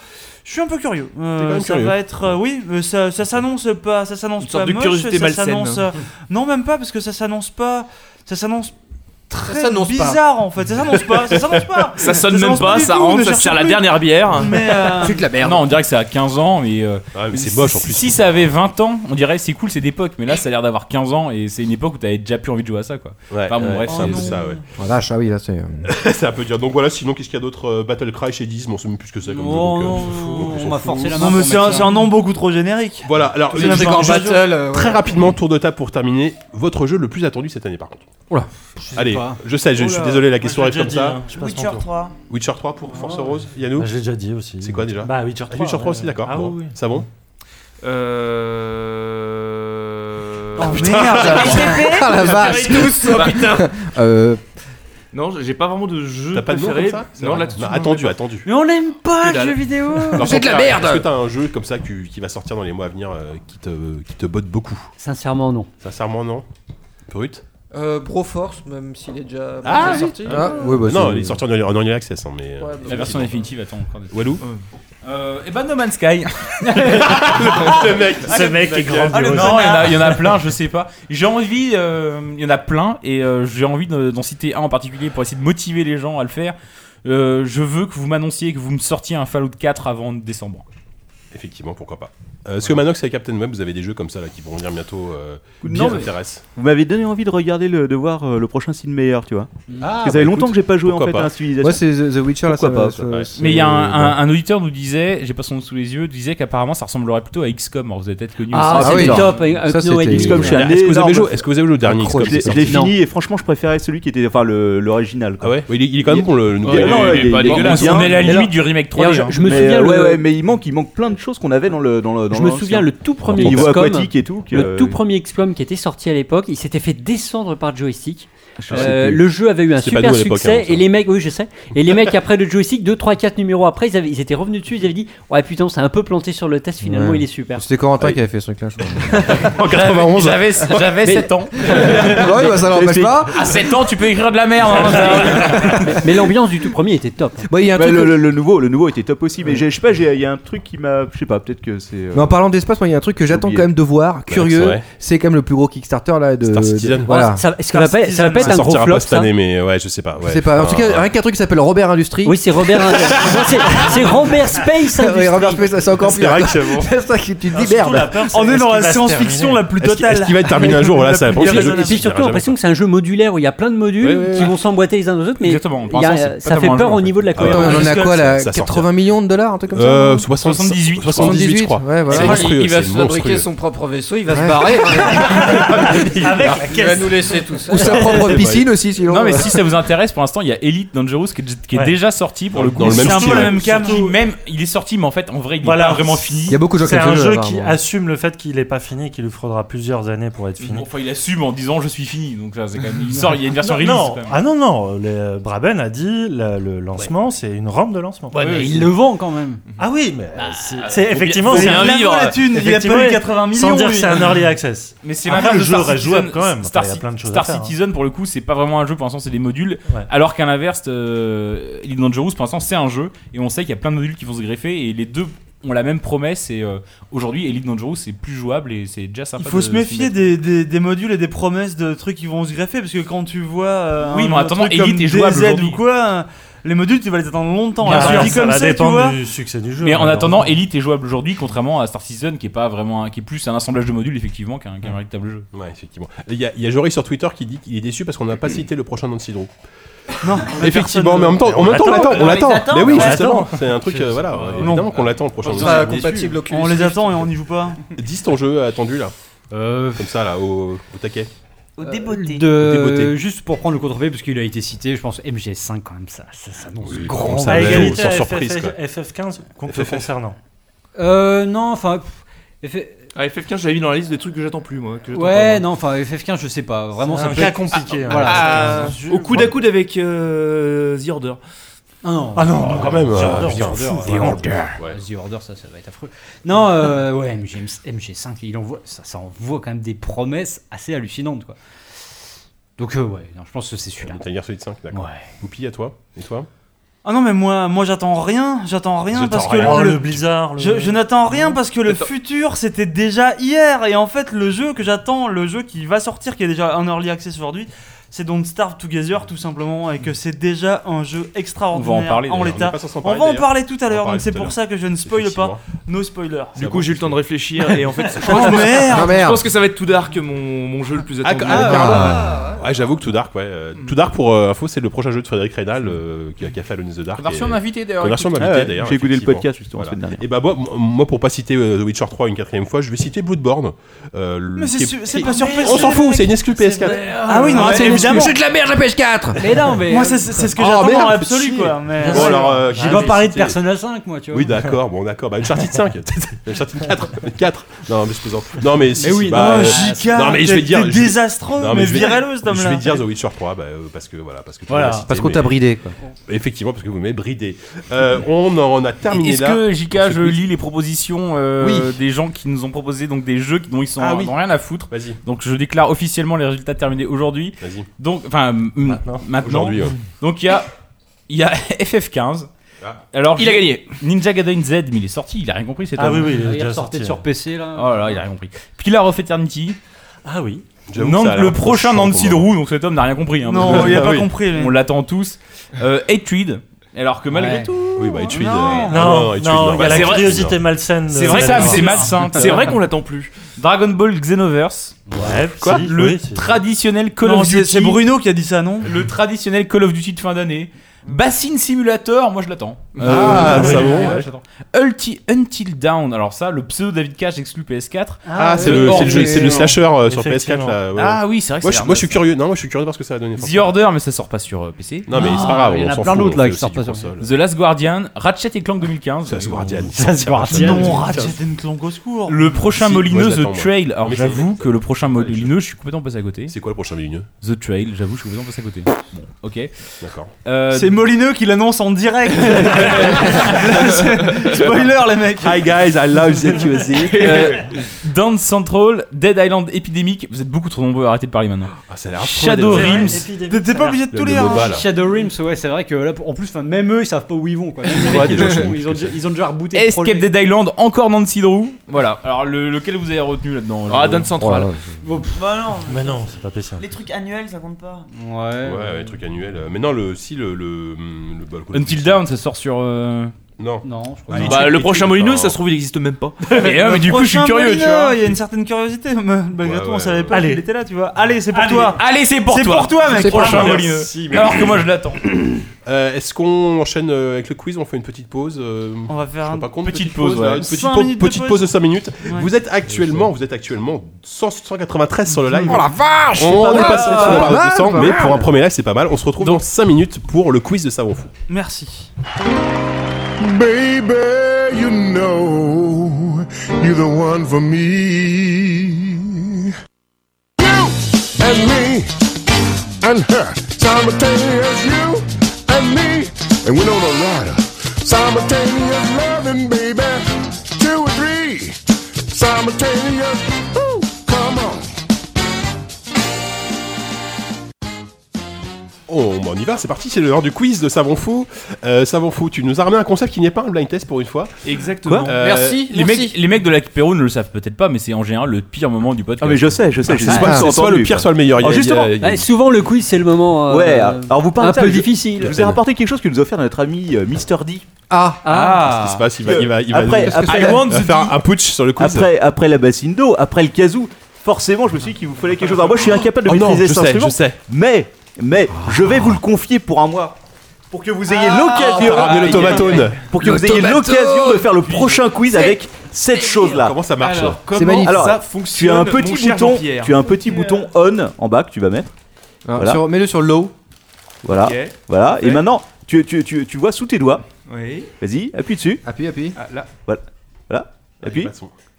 Speaker 12: Je suis un peu curieux. Euh,
Speaker 11: T'es quand même
Speaker 12: ça
Speaker 11: curieux.
Speaker 12: va être euh, oui, mais ça, ça s'annonce pas, ça s'annonce
Speaker 11: Une
Speaker 12: pas
Speaker 11: sorte de
Speaker 12: Bah, moche,
Speaker 11: curiosité
Speaker 12: ça
Speaker 11: malsaine.
Speaker 12: s'annonce euh, non, même pas, parce que ça s'annonce pas. Ça s'annonce très
Speaker 11: s'annonce pas.
Speaker 12: bizarre en fait. Ça s'annonce pas. Ça s'annonce pas.
Speaker 7: Ah, Ça sonne même
Speaker 12: s'annonce
Speaker 7: pas,
Speaker 12: du
Speaker 7: ça
Speaker 12: tout, ne
Speaker 7: rentre, ça
Speaker 12: cherchez
Speaker 7: sert la
Speaker 12: plus.
Speaker 7: dernière bière.
Speaker 12: Mais, euh,
Speaker 7: de la merde. Non, on dirait que c'est à 15 ans, mais. euh,
Speaker 2: mais c'est moche, en
Speaker 7: si-
Speaker 2: plus.
Speaker 7: Si ça avait 20 ans, on dirait c'est cool, c'est d'époque, mais là ça a l'air d'avoir 15 ans et c'est une époque où t'avais déjà plus envie de jouer à ça quoi.
Speaker 2: Ouais,
Speaker 7: Enfin, bon,
Speaker 2: ouais,
Speaker 7: bref,
Speaker 2: c'est un peu ça, ouais.
Speaker 5: Ah, vache, ah oui, là c'est. euh,
Speaker 2: c'est un peu dur. Donc voilà, sinon, qu'est-ce qu'il y a d'autre Euh, Battle Cry chez 10, mais on sait même plus ce que c'est comme jeu, donc, euh, on s'en fout, donc on s'en fout.
Speaker 12: Non, mais c'est un, c'est un nom beaucoup trop générique.
Speaker 2: Voilà, alors
Speaker 12: C'est un
Speaker 2: justement,
Speaker 12: genre de jeu.
Speaker 2: très rapidement, tour de table pour terminer. Votre jeu le plus attendu cette année, par contre.
Speaker 5: Oula.
Speaker 2: Allez,
Speaker 8: pas.
Speaker 2: je sais, je, je suis
Speaker 8: Oula.
Speaker 2: désolé, la
Speaker 8: Moi,
Speaker 2: question
Speaker 8: j'ai déjà
Speaker 2: arrive comme
Speaker 8: dit,
Speaker 2: ça.
Speaker 8: hein, je passe Witcher mon tour. 3.
Speaker 2: Witcher 3 pour Force
Speaker 8: Ah.
Speaker 2: Rose, Yannou
Speaker 8: Bah, j'ai déjà dit aussi.
Speaker 2: C'est quoi déjà
Speaker 8: Bah, Witcher 3,
Speaker 2: Witcher 3 aussi,
Speaker 8: ouais.
Speaker 2: d'accord.
Speaker 8: Ah
Speaker 2: bon.
Speaker 8: oui, oui.
Speaker 2: Ça bon
Speaker 10: Euh.
Speaker 12: Oh, merde.
Speaker 5: Ah la vache
Speaker 7: oh,
Speaker 8: Ah,
Speaker 10: Bah,
Speaker 12: Oh,
Speaker 5: Euh,
Speaker 10: Non, j'ai- j'ai pas vraiment de jeu
Speaker 2: T'as pas de nom
Speaker 10: préféré.
Speaker 2: comme ça C'est
Speaker 10: Non,
Speaker 2: vrai.
Speaker 10: là tout de
Speaker 2: Bah,
Speaker 10: suite,
Speaker 2: attendu,
Speaker 10: je m'en
Speaker 2: attendu.
Speaker 12: Mais
Speaker 10: rappelle
Speaker 12: on l'aime pas
Speaker 10: Que
Speaker 12: le
Speaker 10: dalle.
Speaker 12: jeu vidéo.
Speaker 2: Alors,
Speaker 12: C'est de la
Speaker 2: Jean-Pierre,
Speaker 12: merde.
Speaker 2: Est-ce que t'as un jeu comme ça qui, qui va sortir dans les mois à venir euh, qui, te, qui te botte beaucoup
Speaker 4: Sincèrement, non.
Speaker 2: Sincèrement, non. Brut
Speaker 18: Euh, Broforce, même s'il est déjà
Speaker 2: Ah,
Speaker 18: pas
Speaker 2: oui.
Speaker 18: sorti.
Speaker 2: Ah,
Speaker 5: ouais, bah,
Speaker 2: Non,
Speaker 5: c'est-
Speaker 2: il est sorti en en early access. hein, mais...
Speaker 18: Ouais,
Speaker 7: La version définitive attend encore des-
Speaker 2: Walou
Speaker 7: Euh, et ben No Man's Sky.
Speaker 2: Le mec- ce mec est grandiose.
Speaker 7: Ah, le- Non, il y en a- il y, en a plein, je sais pas. J'ai envie, euh, il y en a plein, et euh, j'ai envie de- d'en citer un en particulier pour essayer de motiver les gens à le faire. Euh, je veux que vous m'annonciez que vous me sortiez un Fallout 4 avant décembre.
Speaker 2: Effectivement, pourquoi pas. Euh, Est-ce que Manox et Captain Web, vous avez des jeux comme ça là, qui vont venir bientôt euh,
Speaker 11: Non,
Speaker 2: qui vous
Speaker 11: mais-
Speaker 2: intéressent
Speaker 11: Vous m'avez donné envie de regarder le, de voir euh, le prochain Sid Meier, tu vois. Parce que ça
Speaker 2: bah,
Speaker 11: fait longtemps
Speaker 2: écoute,
Speaker 11: que j'ai pas joué en
Speaker 2: pourquoi
Speaker 11: fait
Speaker 2: pas.
Speaker 11: à la civilisation.
Speaker 5: Moi, c'est The- The Witcher, là, ça
Speaker 11: Pourquoi
Speaker 5: va-
Speaker 11: pas,
Speaker 5: ça-
Speaker 11: quoi.
Speaker 5: ouais.
Speaker 7: Mais il y a un,
Speaker 11: Euh,
Speaker 5: C'est-
Speaker 7: un- un auditeur nous disait, j'ai pas son nom sous les yeux, disait qu'apparemment ça ressemblerait plutôt à XCOM. Alors vous avez peut-être connu
Speaker 4: Ah,
Speaker 7: aussi.
Speaker 4: ah oui, top, avec- avec Ça, No c'était- Idea.
Speaker 11: XCOM, je suis un
Speaker 2: Est-ce que vous avez
Speaker 11: énorme-
Speaker 2: joué- est-ce que vous avez joué au dernier
Speaker 11: Je l'ai-
Speaker 2: XCOM
Speaker 11: Je l'ai
Speaker 2: Non.
Speaker 11: fini et franchement, je préférais celui qui était, enfin, le- l'original. Ah
Speaker 2: ouais il, est quand même bon, le nouveau.
Speaker 11: Il,
Speaker 2: Il est-
Speaker 11: non,
Speaker 2: il est
Speaker 11: il est-
Speaker 2: pas
Speaker 11: il est
Speaker 2: dégueulasse. hein.
Speaker 11: bien.
Speaker 2: On est à la
Speaker 11: Mais là-
Speaker 2: limite du remake 3D,
Speaker 11: Mais,
Speaker 2: hein. Je me
Speaker 11: mais,
Speaker 2: souviens,
Speaker 11: euh, ouais,
Speaker 2: le-
Speaker 11: ouais, mais il manque, il manque plein de choses qu'on avait dans le, euh, dans le. dans
Speaker 4: Je me
Speaker 11: l'ancien.
Speaker 4: souviens le tout premier
Speaker 11: Niveau
Speaker 4: XCOM,
Speaker 11: hein. aquatique et tout. qui,
Speaker 4: le
Speaker 11: euh,
Speaker 4: tout premier XCOM qui était sorti à l'époque, il s'était fait descendre par joystick.
Speaker 11: Je
Speaker 4: Euh,
Speaker 11: sais plus.
Speaker 4: le jeu avait eu un
Speaker 11: C'était pas
Speaker 4: super
Speaker 11: nous à l'époque,
Speaker 4: succès
Speaker 11: hein,
Speaker 4: et les mecs, oui je sais, et les mecs après le joystick, 2, 3, 4 numéros après, ils, avaient- ils étaient revenus dessus, ils avaient dit ouais putain c'est un peu planté sur le test finalement
Speaker 5: Ouais.
Speaker 4: il est super.
Speaker 5: C'était Corentin qui avait fait ce truc-là, je crois.
Speaker 7: En 91. J'avais- j'avais
Speaker 4: Mais-
Speaker 7: sept ans.
Speaker 5: ouais, bah, ça l'empêche pas.
Speaker 7: À 7 ans, tu peux écrire de la merde. hein, ça-
Speaker 4: Mais l'ambiance du tout premier était top. hein.
Speaker 5: il y a un
Speaker 11: Bah,
Speaker 5: truc
Speaker 11: le,
Speaker 5: que-
Speaker 11: le- le nouveau, le nouveau était top aussi, mais j'ai- je sais pas, j'ai- il y a un truc qui m'a, je sais pas, peut-être que c'est. euh,
Speaker 5: Mais en parlant d'espace, moi, il y a un truc que j'attends
Speaker 11: oublié.
Speaker 5: quand même de voir,
Speaker 11: c'est
Speaker 5: curieux.
Speaker 11: vrai.
Speaker 5: C'est quand même le plus gros Kickstarter là de.
Speaker 2: Star
Speaker 5: de-
Speaker 2: Citizen.
Speaker 5: Voilà.
Speaker 4: Ça- est-ce que ça va pas- ça va pas être
Speaker 2: Ça
Speaker 4: un gros
Speaker 2: sortira
Speaker 4: flop
Speaker 2: pas cette
Speaker 4: ça
Speaker 2: année, mais ouais, je sais pas.
Speaker 5: Je sais pas. En tout cas, rien qu'un truc qui s'appelle Robert Industrie.
Speaker 4: Oui, c'est Robert. c'est- c'est Robert Space
Speaker 5: Oui, Robert Space, c'est encore
Speaker 2: C'est
Speaker 5: pire.
Speaker 2: vrai que c'est bon.
Speaker 5: C'est ça qui tu te
Speaker 11: Ah,
Speaker 5: dis
Speaker 12: surtout
Speaker 5: merde.
Speaker 12: la peur, c'est On est est-ce dans qu'il la va se science-fiction terminer la plus
Speaker 2: Est-ce qu'il- est-ce totale. qu'il va être terminé un jour Voilà, c'est la
Speaker 4: Et
Speaker 2: première
Speaker 4: puis-
Speaker 2: chose.
Speaker 4: et puis
Speaker 2: Il
Speaker 4: surtout,
Speaker 2: verra
Speaker 4: l'impression que c'est un jeu modulaire où il y a plein de modules
Speaker 2: Ouais, ouais,
Speaker 4: qui
Speaker 2: ouais.
Speaker 4: vont s'emboîter les uns aux les autres, mais
Speaker 7: Exactement, pour
Speaker 4: il y a-
Speaker 7: l'instant, c'est
Speaker 4: ça
Speaker 7: pas
Speaker 4: fait
Speaker 7: tellement un
Speaker 4: peur
Speaker 7: jeu, en
Speaker 4: au
Speaker 7: fait.
Speaker 4: niveau de la
Speaker 7: Ah ouais.
Speaker 4: cohérence.
Speaker 5: On a quoi là
Speaker 7: Ça sortira.
Speaker 5: 80 millions de dollars, un truc comme ça
Speaker 2: Euh,
Speaker 5: non
Speaker 2: 78, 78, je crois.
Speaker 5: Ouais, voilà.
Speaker 2: C'est
Speaker 18: Moi,
Speaker 2: monstrueux,
Speaker 18: il, il va
Speaker 2: c'est
Speaker 18: se fabriquer
Speaker 2: monstrueux.
Speaker 18: son propre vaisseau, il va
Speaker 5: Ouais.
Speaker 18: se barrer.
Speaker 5: Avec la
Speaker 18: il va
Speaker 5: caisse.
Speaker 18: nous laisser tout ça.
Speaker 5: Ou sa propre
Speaker 7: Ouais.
Speaker 5: piscine aussi, sinon.
Speaker 7: Non, mais si ça vous intéresse, pour l'instant, il y a Elite Dangerous qui est, qui est
Speaker 5: Ouais.
Speaker 7: déjà sorti pour
Speaker 5: Dans
Speaker 7: le
Speaker 5: le-
Speaker 7: coup.
Speaker 5: dans le même
Speaker 7: C'est un
Speaker 5: style,
Speaker 7: peu la
Speaker 5: ouais.
Speaker 7: même cam.
Speaker 8: Surtout-
Speaker 7: Même, il est sorti, mais en fait, en vrai, il n'est
Speaker 8: Voilà.
Speaker 7: pas vraiment fini.
Speaker 8: C'est un
Speaker 12: euh,
Speaker 8: jeu qui assume le fait qu'il n'est pas fini et qu'il lui faudra plusieurs années pour
Speaker 12: Mhm.
Speaker 8: être fini.
Speaker 7: Bon, enfin, il assume en disant je suis fini. Donc ça, c'est quand même. Il sort, il y a une version
Speaker 8: Non,
Speaker 7: release.
Speaker 8: non.
Speaker 7: quand même.
Speaker 8: Ah non, non, le- Braben a dit la- le lancement, c'est une rampe de lancement.
Speaker 7: Ouais, mais Oui, il oui. le
Speaker 8: vend quand même. Ah oui, mais
Speaker 7: euh,
Speaker 8: c'est- c'est
Speaker 7: faut bien-
Speaker 8: effectivement.
Speaker 7: faut
Speaker 8: c'est
Speaker 7: bien
Speaker 8: un-
Speaker 7: vivre.
Speaker 8: la thune, il a
Speaker 7: Effectivement,
Speaker 8: pas eu
Speaker 7: oui.
Speaker 8: 80 millions, Sans dire lui. que c'est un early access.
Speaker 7: Mais c'est
Speaker 8: Après,
Speaker 7: la même
Speaker 8: le
Speaker 7: chose
Speaker 8: jeu
Speaker 7: Star
Speaker 8: reste jouable
Speaker 7: Citizen.
Speaker 8: quand même.
Speaker 7: Star,
Speaker 8: Enfin, il y a plein de choses à
Speaker 7: Star
Speaker 8: faire, hein.
Speaker 7: Citizen, pour le coup, c'est pas vraiment un jeu. Pour l'instant, c'est des modules.
Speaker 8: Ouais.
Speaker 7: Alors qu'à l'inverse, euh, Elite Dangerous, pour l'instant, c'est un jeu. Et on sait qu'il y a plein de modules qui vont se greffer. Et les deux ont la même promesse. Et euh, aujourd'hui, Elite Dangerous, c'est plus jouable et c'est déjà sympa.
Speaker 12: Il faut
Speaker 7: de-
Speaker 12: se méfier des, des- des modules et des promesses de trucs qui vont se greffer parce que quand tu vois euh,
Speaker 7: Oui,
Speaker 12: un,
Speaker 7: mais en attendant,
Speaker 12: truc comme
Speaker 7: Elite est jouable
Speaker 12: DZ
Speaker 7: aujourd'hui.
Speaker 12: ou quoi, euh, les modules tu vas les attendre longtemps.
Speaker 7: Bien
Speaker 12: Alors,
Speaker 7: sûr,
Speaker 12: dit
Speaker 7: ça
Speaker 12: comme
Speaker 7: va
Speaker 12: ça, tu
Speaker 7: dépendre
Speaker 12: vois,
Speaker 7: du
Speaker 8: succès du
Speaker 7: mais
Speaker 2: hein,
Speaker 7: en attendant, Elite est jouable aujourd'hui, contrairement à Star Citizen, qui est pas vraiment, un- qui est plus un assemblage de modules effectivement qu'un qu'un véritable jeu.
Speaker 2: Ouais, effectivement. Il y, a- il y a Jory sur Twitter qui dit qu'il est déçu parce qu'on n'a pas cité le prochain Nancy
Speaker 12: Non,
Speaker 2: effectivement, mais en même temps, en même temps, on l'attend, on l'attend. Mais oui, justement, c'est un truc, euh, voilà,
Speaker 12: Non.
Speaker 2: évidemment qu'on l'attend le prochain.
Speaker 12: On
Speaker 2: Nancy
Speaker 12: sera
Speaker 2: Drew.
Speaker 12: compatible Oculus On les Rift. attend et on n'y joue pas.
Speaker 2: Dis ton jeu attendu là.
Speaker 12: Euh.
Speaker 2: Comme ça là, au, au taquet.
Speaker 6: Au débeauté.
Speaker 2: Au débeauté.
Speaker 13: De... Juste pour prendre le contre parce qu'il a été cité, je pense MG5 quand même, ça, ça s'annonce grand. Ah,
Speaker 8: À égalité à FF15 contre concernant.
Speaker 13: Euh, non, enfin. pff, FF-
Speaker 10: Ah, FF15, j'avais mis dans la liste des trucs que j'attends plus, moi. que j'attends
Speaker 13: Ouais,
Speaker 10: vraiment.
Speaker 13: non, enfin FF15, je sais pas. Vraiment,
Speaker 10: C'est
Speaker 13: ça
Speaker 10: un
Speaker 13: peut
Speaker 10: cas
Speaker 13: être-
Speaker 10: compliqué,
Speaker 13: Ah,
Speaker 10: hein.
Speaker 13: voilà.
Speaker 10: Ah,
Speaker 13: c'est-
Speaker 10: au coude à coude avec euh, The Order.
Speaker 13: Ah non.
Speaker 10: Ah non, quand même,
Speaker 13: The
Speaker 10: euh,
Speaker 13: Order,
Speaker 10: putain,
Speaker 13: The
Speaker 10: fou,
Speaker 13: Order,
Speaker 10: The
Speaker 13: ouais.
Speaker 10: Order.
Speaker 13: Ouais, The Order, ça, ça va être affreux. Non, euh, ouais, MG, 5 il envoie, ça, ça envoie quand même des promesses assez hallucinantes, quoi. Donc, euh, ouais, non, je pense que c'est celui-là.
Speaker 2: Metal Gear Solid 5, d'accord. Oupi, à toi. Et toi
Speaker 12: Ah non mais moi moi j'attends rien, j'attends rien
Speaker 2: J'attends
Speaker 12: parce que
Speaker 2: rien. Oh,
Speaker 8: le Blizzard, le-
Speaker 12: Je, je n'attends rien parce que le
Speaker 8: Attends.
Speaker 12: futur c'était déjà hier et en fait le jeu que j'attends, le jeu qui va sortir qui est déjà en early access aujourd'hui, c'est Don't Starve Together tout simplement et que c'est déjà un jeu extraordinaire
Speaker 7: On va en parler, d'ailleurs. On
Speaker 12: l'état.
Speaker 7: n'est pas censé en
Speaker 12: On
Speaker 7: parler,
Speaker 12: va en
Speaker 7: d'ailleurs.
Speaker 12: parler tout
Speaker 7: On
Speaker 12: à
Speaker 7: va en
Speaker 12: l'heure
Speaker 7: parler
Speaker 12: donc c'est
Speaker 7: tout à
Speaker 12: pour
Speaker 7: l'heure.
Speaker 12: ça que je ne spoil pas, no spoiler.
Speaker 10: Du coup, j'ai eu le temps de réfléchir et en fait, je
Speaker 12: Oh,
Speaker 10: pense,
Speaker 12: merde.
Speaker 10: je
Speaker 12: Ah,
Speaker 10: pense que ça va être tout dark mon, mon jeu le
Speaker 7: Ah,
Speaker 10: plus attendu.
Speaker 2: Ah,
Speaker 12: Ah.
Speaker 2: Ouais, j'avoue que Too Dark, ouais. euh,
Speaker 12: Mm.
Speaker 2: Too Dark, pour euh, info, c'est le prochain jeu de Frédéric Rénal euh, qui, a- qui a fait Alone in the Dark.
Speaker 7: Qu'on a reçu
Speaker 2: et-
Speaker 7: en invité, d'ailleurs,
Speaker 2: qu'on a reçu en
Speaker 7: écoute.
Speaker 2: invité,
Speaker 7: Ah ouais,
Speaker 2: d'ailleurs,
Speaker 7: j'ai écouté le
Speaker 2: effectivement.
Speaker 7: podcast, justement, la semaine dernière.
Speaker 2: Et bah, moi, m- moi, pour pas citer euh, The Witcher 3 une quatrième fois, je vais citer Bloodborne. euh, le-
Speaker 12: Mais c'est
Speaker 2: qui est-
Speaker 12: su-
Speaker 2: qui-
Speaker 12: c'est pas surpris,
Speaker 2: On s'en
Speaker 12: c'est-
Speaker 2: fout, c'est une exclu PS4.
Speaker 12: Ah oui non, c'est évidemment.
Speaker 5: C'est de la merde la PS4
Speaker 13: Mais non, mais.
Speaker 12: Moi, c'est- c'est ce que
Speaker 2: Oh,
Speaker 12: j'attends
Speaker 2: merde,
Speaker 12: dans l'absolu
Speaker 2: chier.
Speaker 12: quoi. mais-
Speaker 2: Bon, alors, euh,
Speaker 13: J'ai
Speaker 2: qui
Speaker 13: pas
Speaker 2: j'ai
Speaker 13: parlé de
Speaker 2: cité
Speaker 13: Persona 5, moi, tu vois.
Speaker 2: Oui, d'accord, bon, d'accord. Bah, une sortie de 5. une sortie de 4. 4. Non, mais je plaisante. Non, mais si,
Speaker 12: Mais oui,
Speaker 2: si, bah,
Speaker 12: non,
Speaker 2: euh,
Speaker 12: Jika,
Speaker 2: non, mais je vais
Speaker 12: t'es-
Speaker 2: dire.
Speaker 12: t'es
Speaker 2: je vais-
Speaker 12: désastreux,
Speaker 2: Non,
Speaker 12: mais
Speaker 2: je vais-
Speaker 12: viralose, Tom,
Speaker 2: Je
Speaker 12: là.
Speaker 2: vais dire The Witcher 3, bah, euh, parce que voilà, parce que tu
Speaker 5: Voilà.
Speaker 2: l'as cité,
Speaker 5: Parce qu'on
Speaker 2: mais-
Speaker 5: t'a bridé, quoi.
Speaker 2: Effectivement, parce que vous m'avez bridé. Euh, on en a terminé
Speaker 7: Est-ce
Speaker 2: là.
Speaker 7: que JK,
Speaker 2: Parce
Speaker 7: je
Speaker 2: que-
Speaker 7: lis les propositions euh,
Speaker 2: Oui.
Speaker 7: des gens qui nous ont proposé donc des jeux dont ils sont
Speaker 2: Ah oui.
Speaker 7: n'ont rien à foutre.
Speaker 2: Vas-y.
Speaker 7: Donc je déclare officiellement les résultats terminés aujourd'hui.
Speaker 2: Vas-y.
Speaker 7: Donc enfin m- maintenant.
Speaker 2: Aujourd'hui, ouais.
Speaker 7: Donc il y a il y a FF15.
Speaker 2: Ah.
Speaker 7: Alors
Speaker 10: Il a gagné.
Speaker 7: Ninja Gaiden Z, mais il est sorti, il a rien compris. Cet
Speaker 8: Ah
Speaker 7: homme.
Speaker 8: oui, oui, il est Ah, il est déjà
Speaker 13: ressorti sorti, sur ouais. PC, là.
Speaker 7: Oh là, il a rien compris. Pillar of Eternity.
Speaker 8: Ah oui.
Speaker 2: J'avoue
Speaker 7: Nan-
Speaker 2: que ça a l'air
Speaker 7: le prochain
Speaker 2: chiant pour
Speaker 7: Nancy
Speaker 2: moi.
Speaker 7: Drew, donc cet homme n'a rien compris. hein,
Speaker 12: Non,
Speaker 7: parce que-
Speaker 12: il a
Speaker 7: Ah
Speaker 12: pas
Speaker 7: oui.
Speaker 12: compris, lui.
Speaker 7: On l'attend tous. Euh, Hatred. Alors que malgré tout.
Speaker 2: Oui, bah, Etude.
Speaker 7: Non.
Speaker 8: Non,
Speaker 7: et tu
Speaker 8: non,
Speaker 7: dis,
Speaker 8: il y
Speaker 7: bah,
Speaker 8: a la
Speaker 7: c'est vrai-
Speaker 8: curiosité malsaine.
Speaker 7: C'est vrai, ça, mais c'est malsain.
Speaker 10: C'est vrai qu'on l'attend plus.
Speaker 7: Dragon Ball Xenoverse.
Speaker 8: Ouais,
Speaker 7: Quoi
Speaker 8: si,
Speaker 7: Le
Speaker 8: oui, si.
Speaker 7: traditionnel Call
Speaker 12: Non,
Speaker 7: of
Speaker 12: c'est-
Speaker 7: Duty.
Speaker 12: c'est Bruno qui a dit ça, non
Speaker 7: Le traditionnel Call of Duty de fin d'année. Bassine Simulator, moi je l'attends.
Speaker 2: Ah, ça
Speaker 7: oui,
Speaker 2: bon,
Speaker 7: oui,
Speaker 2: ouais.
Speaker 7: oui, j'attends. Ulti Until Down, alors ça, le pseudo David Cage exclu PS4.
Speaker 2: Ah, c'est
Speaker 7: Euh,
Speaker 2: le, c'est le, jeu- c'est le slasher euh, sur PS4
Speaker 7: Effectivement.
Speaker 2: là. ouais.
Speaker 7: oh, Ah oui, c'est vrai que
Speaker 2: Moi,
Speaker 7: ça a
Speaker 2: je,
Speaker 7: l'air
Speaker 2: moi, je suis
Speaker 7: nice.
Speaker 2: curieux. Non, moi, je suis curieux de voir ce que ça va donner.
Speaker 7: The Order, mais ça sort pas sur euh, PC.
Speaker 2: Non, mais c'est pas grave,
Speaker 7: il y
Speaker 2: on
Speaker 7: en a
Speaker 2: s'en
Speaker 7: plein
Speaker 2: fout,
Speaker 7: d'autres
Speaker 2: on
Speaker 7: là
Speaker 2: fait
Speaker 7: qui
Speaker 2: aussi
Speaker 7: sortent
Speaker 2: du
Speaker 7: pas sur
Speaker 2: console.
Speaker 7: The Last Guardian, Ratchet et Clank 2015. The Last Guardian.
Speaker 12: Non, Ratchet and Clank au secours.
Speaker 7: Le prochain
Speaker 12: Si,
Speaker 7: Molineux,
Speaker 12: moi, je
Speaker 7: The
Speaker 12: l'attends, moi.
Speaker 7: Trail. Alors
Speaker 12: Mais c'est-
Speaker 7: j'avoue que le prochain Molineux, je suis complètement passé à côté.
Speaker 2: C'est quoi le prochain Molineux
Speaker 7: The Trail, j'avoue, je suis complètement passé à côté. Bon, ok.
Speaker 2: D'accord.
Speaker 7: Euh,
Speaker 12: C'est Molineux qui l'annonce en direct. C'est- Spoiler, les mecs.
Speaker 2: Hi guys,
Speaker 7: Ah,
Speaker 2: I love ZQSD.
Speaker 7: Euh, Dance Central, Dead Island Epidemic. Vous êtes beaucoup trop nombreux, arrêtez de parler maintenant.
Speaker 2: Ah, ça a l'air
Speaker 7: Shadow
Speaker 13: C'est vrai,
Speaker 7: Realms.
Speaker 13: épidémie.
Speaker 12: T'étais pas obligé de tous les
Speaker 7: MOBA, là.
Speaker 13: Shadow Realms, ouais, c'est vrai que là, pour- en plus, enfin, même eux, ils savent pas où ils vont, quoi. Même les
Speaker 7: Ouais,
Speaker 13: mecs, ils,
Speaker 7: déjà,
Speaker 13: ont,
Speaker 7: je-
Speaker 13: ils ont déjà, ils ont déjà rebooté. le
Speaker 7: Escape
Speaker 13: projet.
Speaker 7: Dead Island, encore Nancy Drew. Voilà. Alors le- lequel vous avez retenu là-dedans Oh
Speaker 10: Ah, Dance Central.
Speaker 7: Voilà.
Speaker 12: Bah non.
Speaker 6: Ah
Speaker 8: Mais non, c'est pas PC.
Speaker 6: Les trucs annuels, ça compte pas.
Speaker 13: Ouais,
Speaker 2: ouais, les trucs annuels. euh, Mais non, le, si, le. le, le, le- le-
Speaker 7: Until Down, ça sort sur. euh,
Speaker 2: Non.
Speaker 9: Non, je crois
Speaker 10: Bah,
Speaker 9: pas.
Speaker 10: le prochain Molineux, ça se trouve, il n'existe même pas.
Speaker 7: hein,
Speaker 12: Le
Speaker 10: mais du coup, je suis
Speaker 12: prochain
Speaker 10: curieux, tu
Speaker 12: Molino,
Speaker 10: vois.
Speaker 12: Il y a une certaine curiosité. mais Malgré
Speaker 10: Ouais,
Speaker 12: tout, on
Speaker 10: ouais,
Speaker 12: savait pas
Speaker 10: ouais.
Speaker 12: qu'il était là, tu vois. Allez, c'est pour
Speaker 10: Allez.
Speaker 12: toi.
Speaker 10: Allez, c'est pour toi.
Speaker 12: C'est pour toi, mec.
Speaker 10: C'est pour toi, Molineux. Alors que moi, je l'attends.
Speaker 2: Ah, Euh, Est-ce qu'on enchaîne euh, avec le quiz On fait une petite pause. euh,
Speaker 12: On va faire
Speaker 2: je sais
Speaker 12: une
Speaker 2: pas compte,
Speaker 12: petite pause, ouais.
Speaker 2: là, une petite,
Speaker 12: Cinq
Speaker 2: pau-
Speaker 12: minutes de
Speaker 2: petite
Speaker 12: pause.
Speaker 2: pause de 5 minutes.
Speaker 12: Ouais.
Speaker 2: Vous êtes actuellement, vous êtes actuellement 100 193 sur le live.
Speaker 5: Oh la vache,
Speaker 2: On
Speaker 5: c'est pas
Speaker 2: est
Speaker 5: mal.
Speaker 2: passé
Speaker 5: C'est
Speaker 2: sur la
Speaker 5: pas
Speaker 2: barre
Speaker 5: mal,
Speaker 7: Hein
Speaker 2: de 100,
Speaker 5: pas
Speaker 2: mais
Speaker 5: mal.
Speaker 2: pour un premier live, c'est pas mal. On se retrouve dans 5 minutes pour le quiz de Savon Fou.
Speaker 12: Merci.
Speaker 19: Baby, you know you're the one for me. You and me and her, simultaneous you and me, and we don't know rider. Simultaneous loving, baby, two or three, simultaneous. Ooh, come on.
Speaker 2: Oh, bah, on y va, c'est parti, c'est l'heure du quiz de Savon Fou. Euh, Savon Fou, tu nous as ramené un concept qui n'est pas un blind test pour une fois.
Speaker 7: Exactement.
Speaker 2: Euh,
Speaker 7: Les, Mecs, les mecs de la Pérou ne le savent peut-être pas, mais c'est en général le pire moment du podcast.
Speaker 2: Ah, mais je sais, je sais, Ah, je c'est Oh, sais. soit- Ah, soit entendu, le pire, quoi. soit le meilleur. Il y a-
Speaker 7: justement.
Speaker 2: il y a-
Speaker 11: Ah,
Speaker 4: Ouais, souvent, le quiz, c'est le moment euh,
Speaker 7: Ouais,
Speaker 11: alors vous parlez
Speaker 4: un
Speaker 11: ça,
Speaker 4: peu
Speaker 11: je-
Speaker 4: difficile.
Speaker 11: Je vous ai rapporté quelque chose que nous a offert notre ami euh, Mister D.
Speaker 5: Ah,
Speaker 2: Qu'est-ce qui se passe Il va, il va, il va,
Speaker 11: Après,
Speaker 2: il va
Speaker 11: après,
Speaker 2: faire, il va faire un putsch sur le quiz.
Speaker 11: Après, après la bassine d'eau, après le kazoo, forcément, je me suis dit qu'il vous fallait quelque chose. Alors moi, je suis incapable de
Speaker 2: Oh non,
Speaker 11: maîtriser
Speaker 2: je
Speaker 11: cet
Speaker 2: sais,
Speaker 11: instrument.
Speaker 2: je sais.
Speaker 11: Mais, mais, je vais vous le confier pour un mois. Pour que vous ayez l'occasion.
Speaker 2: Ah, le tomatone.
Speaker 11: Pour que vous ayez
Speaker 2: L'automatone.
Speaker 11: l'occasion de faire le prochain quiz avec cette chose-là.
Speaker 2: Comment ça marche,
Speaker 11: Alors,
Speaker 2: là C'est magnifique. ça
Speaker 11: tu as un
Speaker 2: fonctionne,
Speaker 11: petit
Speaker 2: mon cher
Speaker 11: bouton,
Speaker 2: Jean-Pierre
Speaker 11: tu as un petit bouton on en bas que tu vas mettre.
Speaker 5: Ah, sur-
Speaker 11: Mets-le sur low. Voilà.
Speaker 5: Ok.
Speaker 11: Voilà. Et
Speaker 5: Parfait.
Speaker 11: maintenant, tu, tu, tu, tu vois sous tes doigts.
Speaker 5: Oui.
Speaker 11: Vas-y, appuie dessus.
Speaker 5: Appuie, appuie.
Speaker 2: Ah,
Speaker 11: là. Voilà. Voilà. Appuie.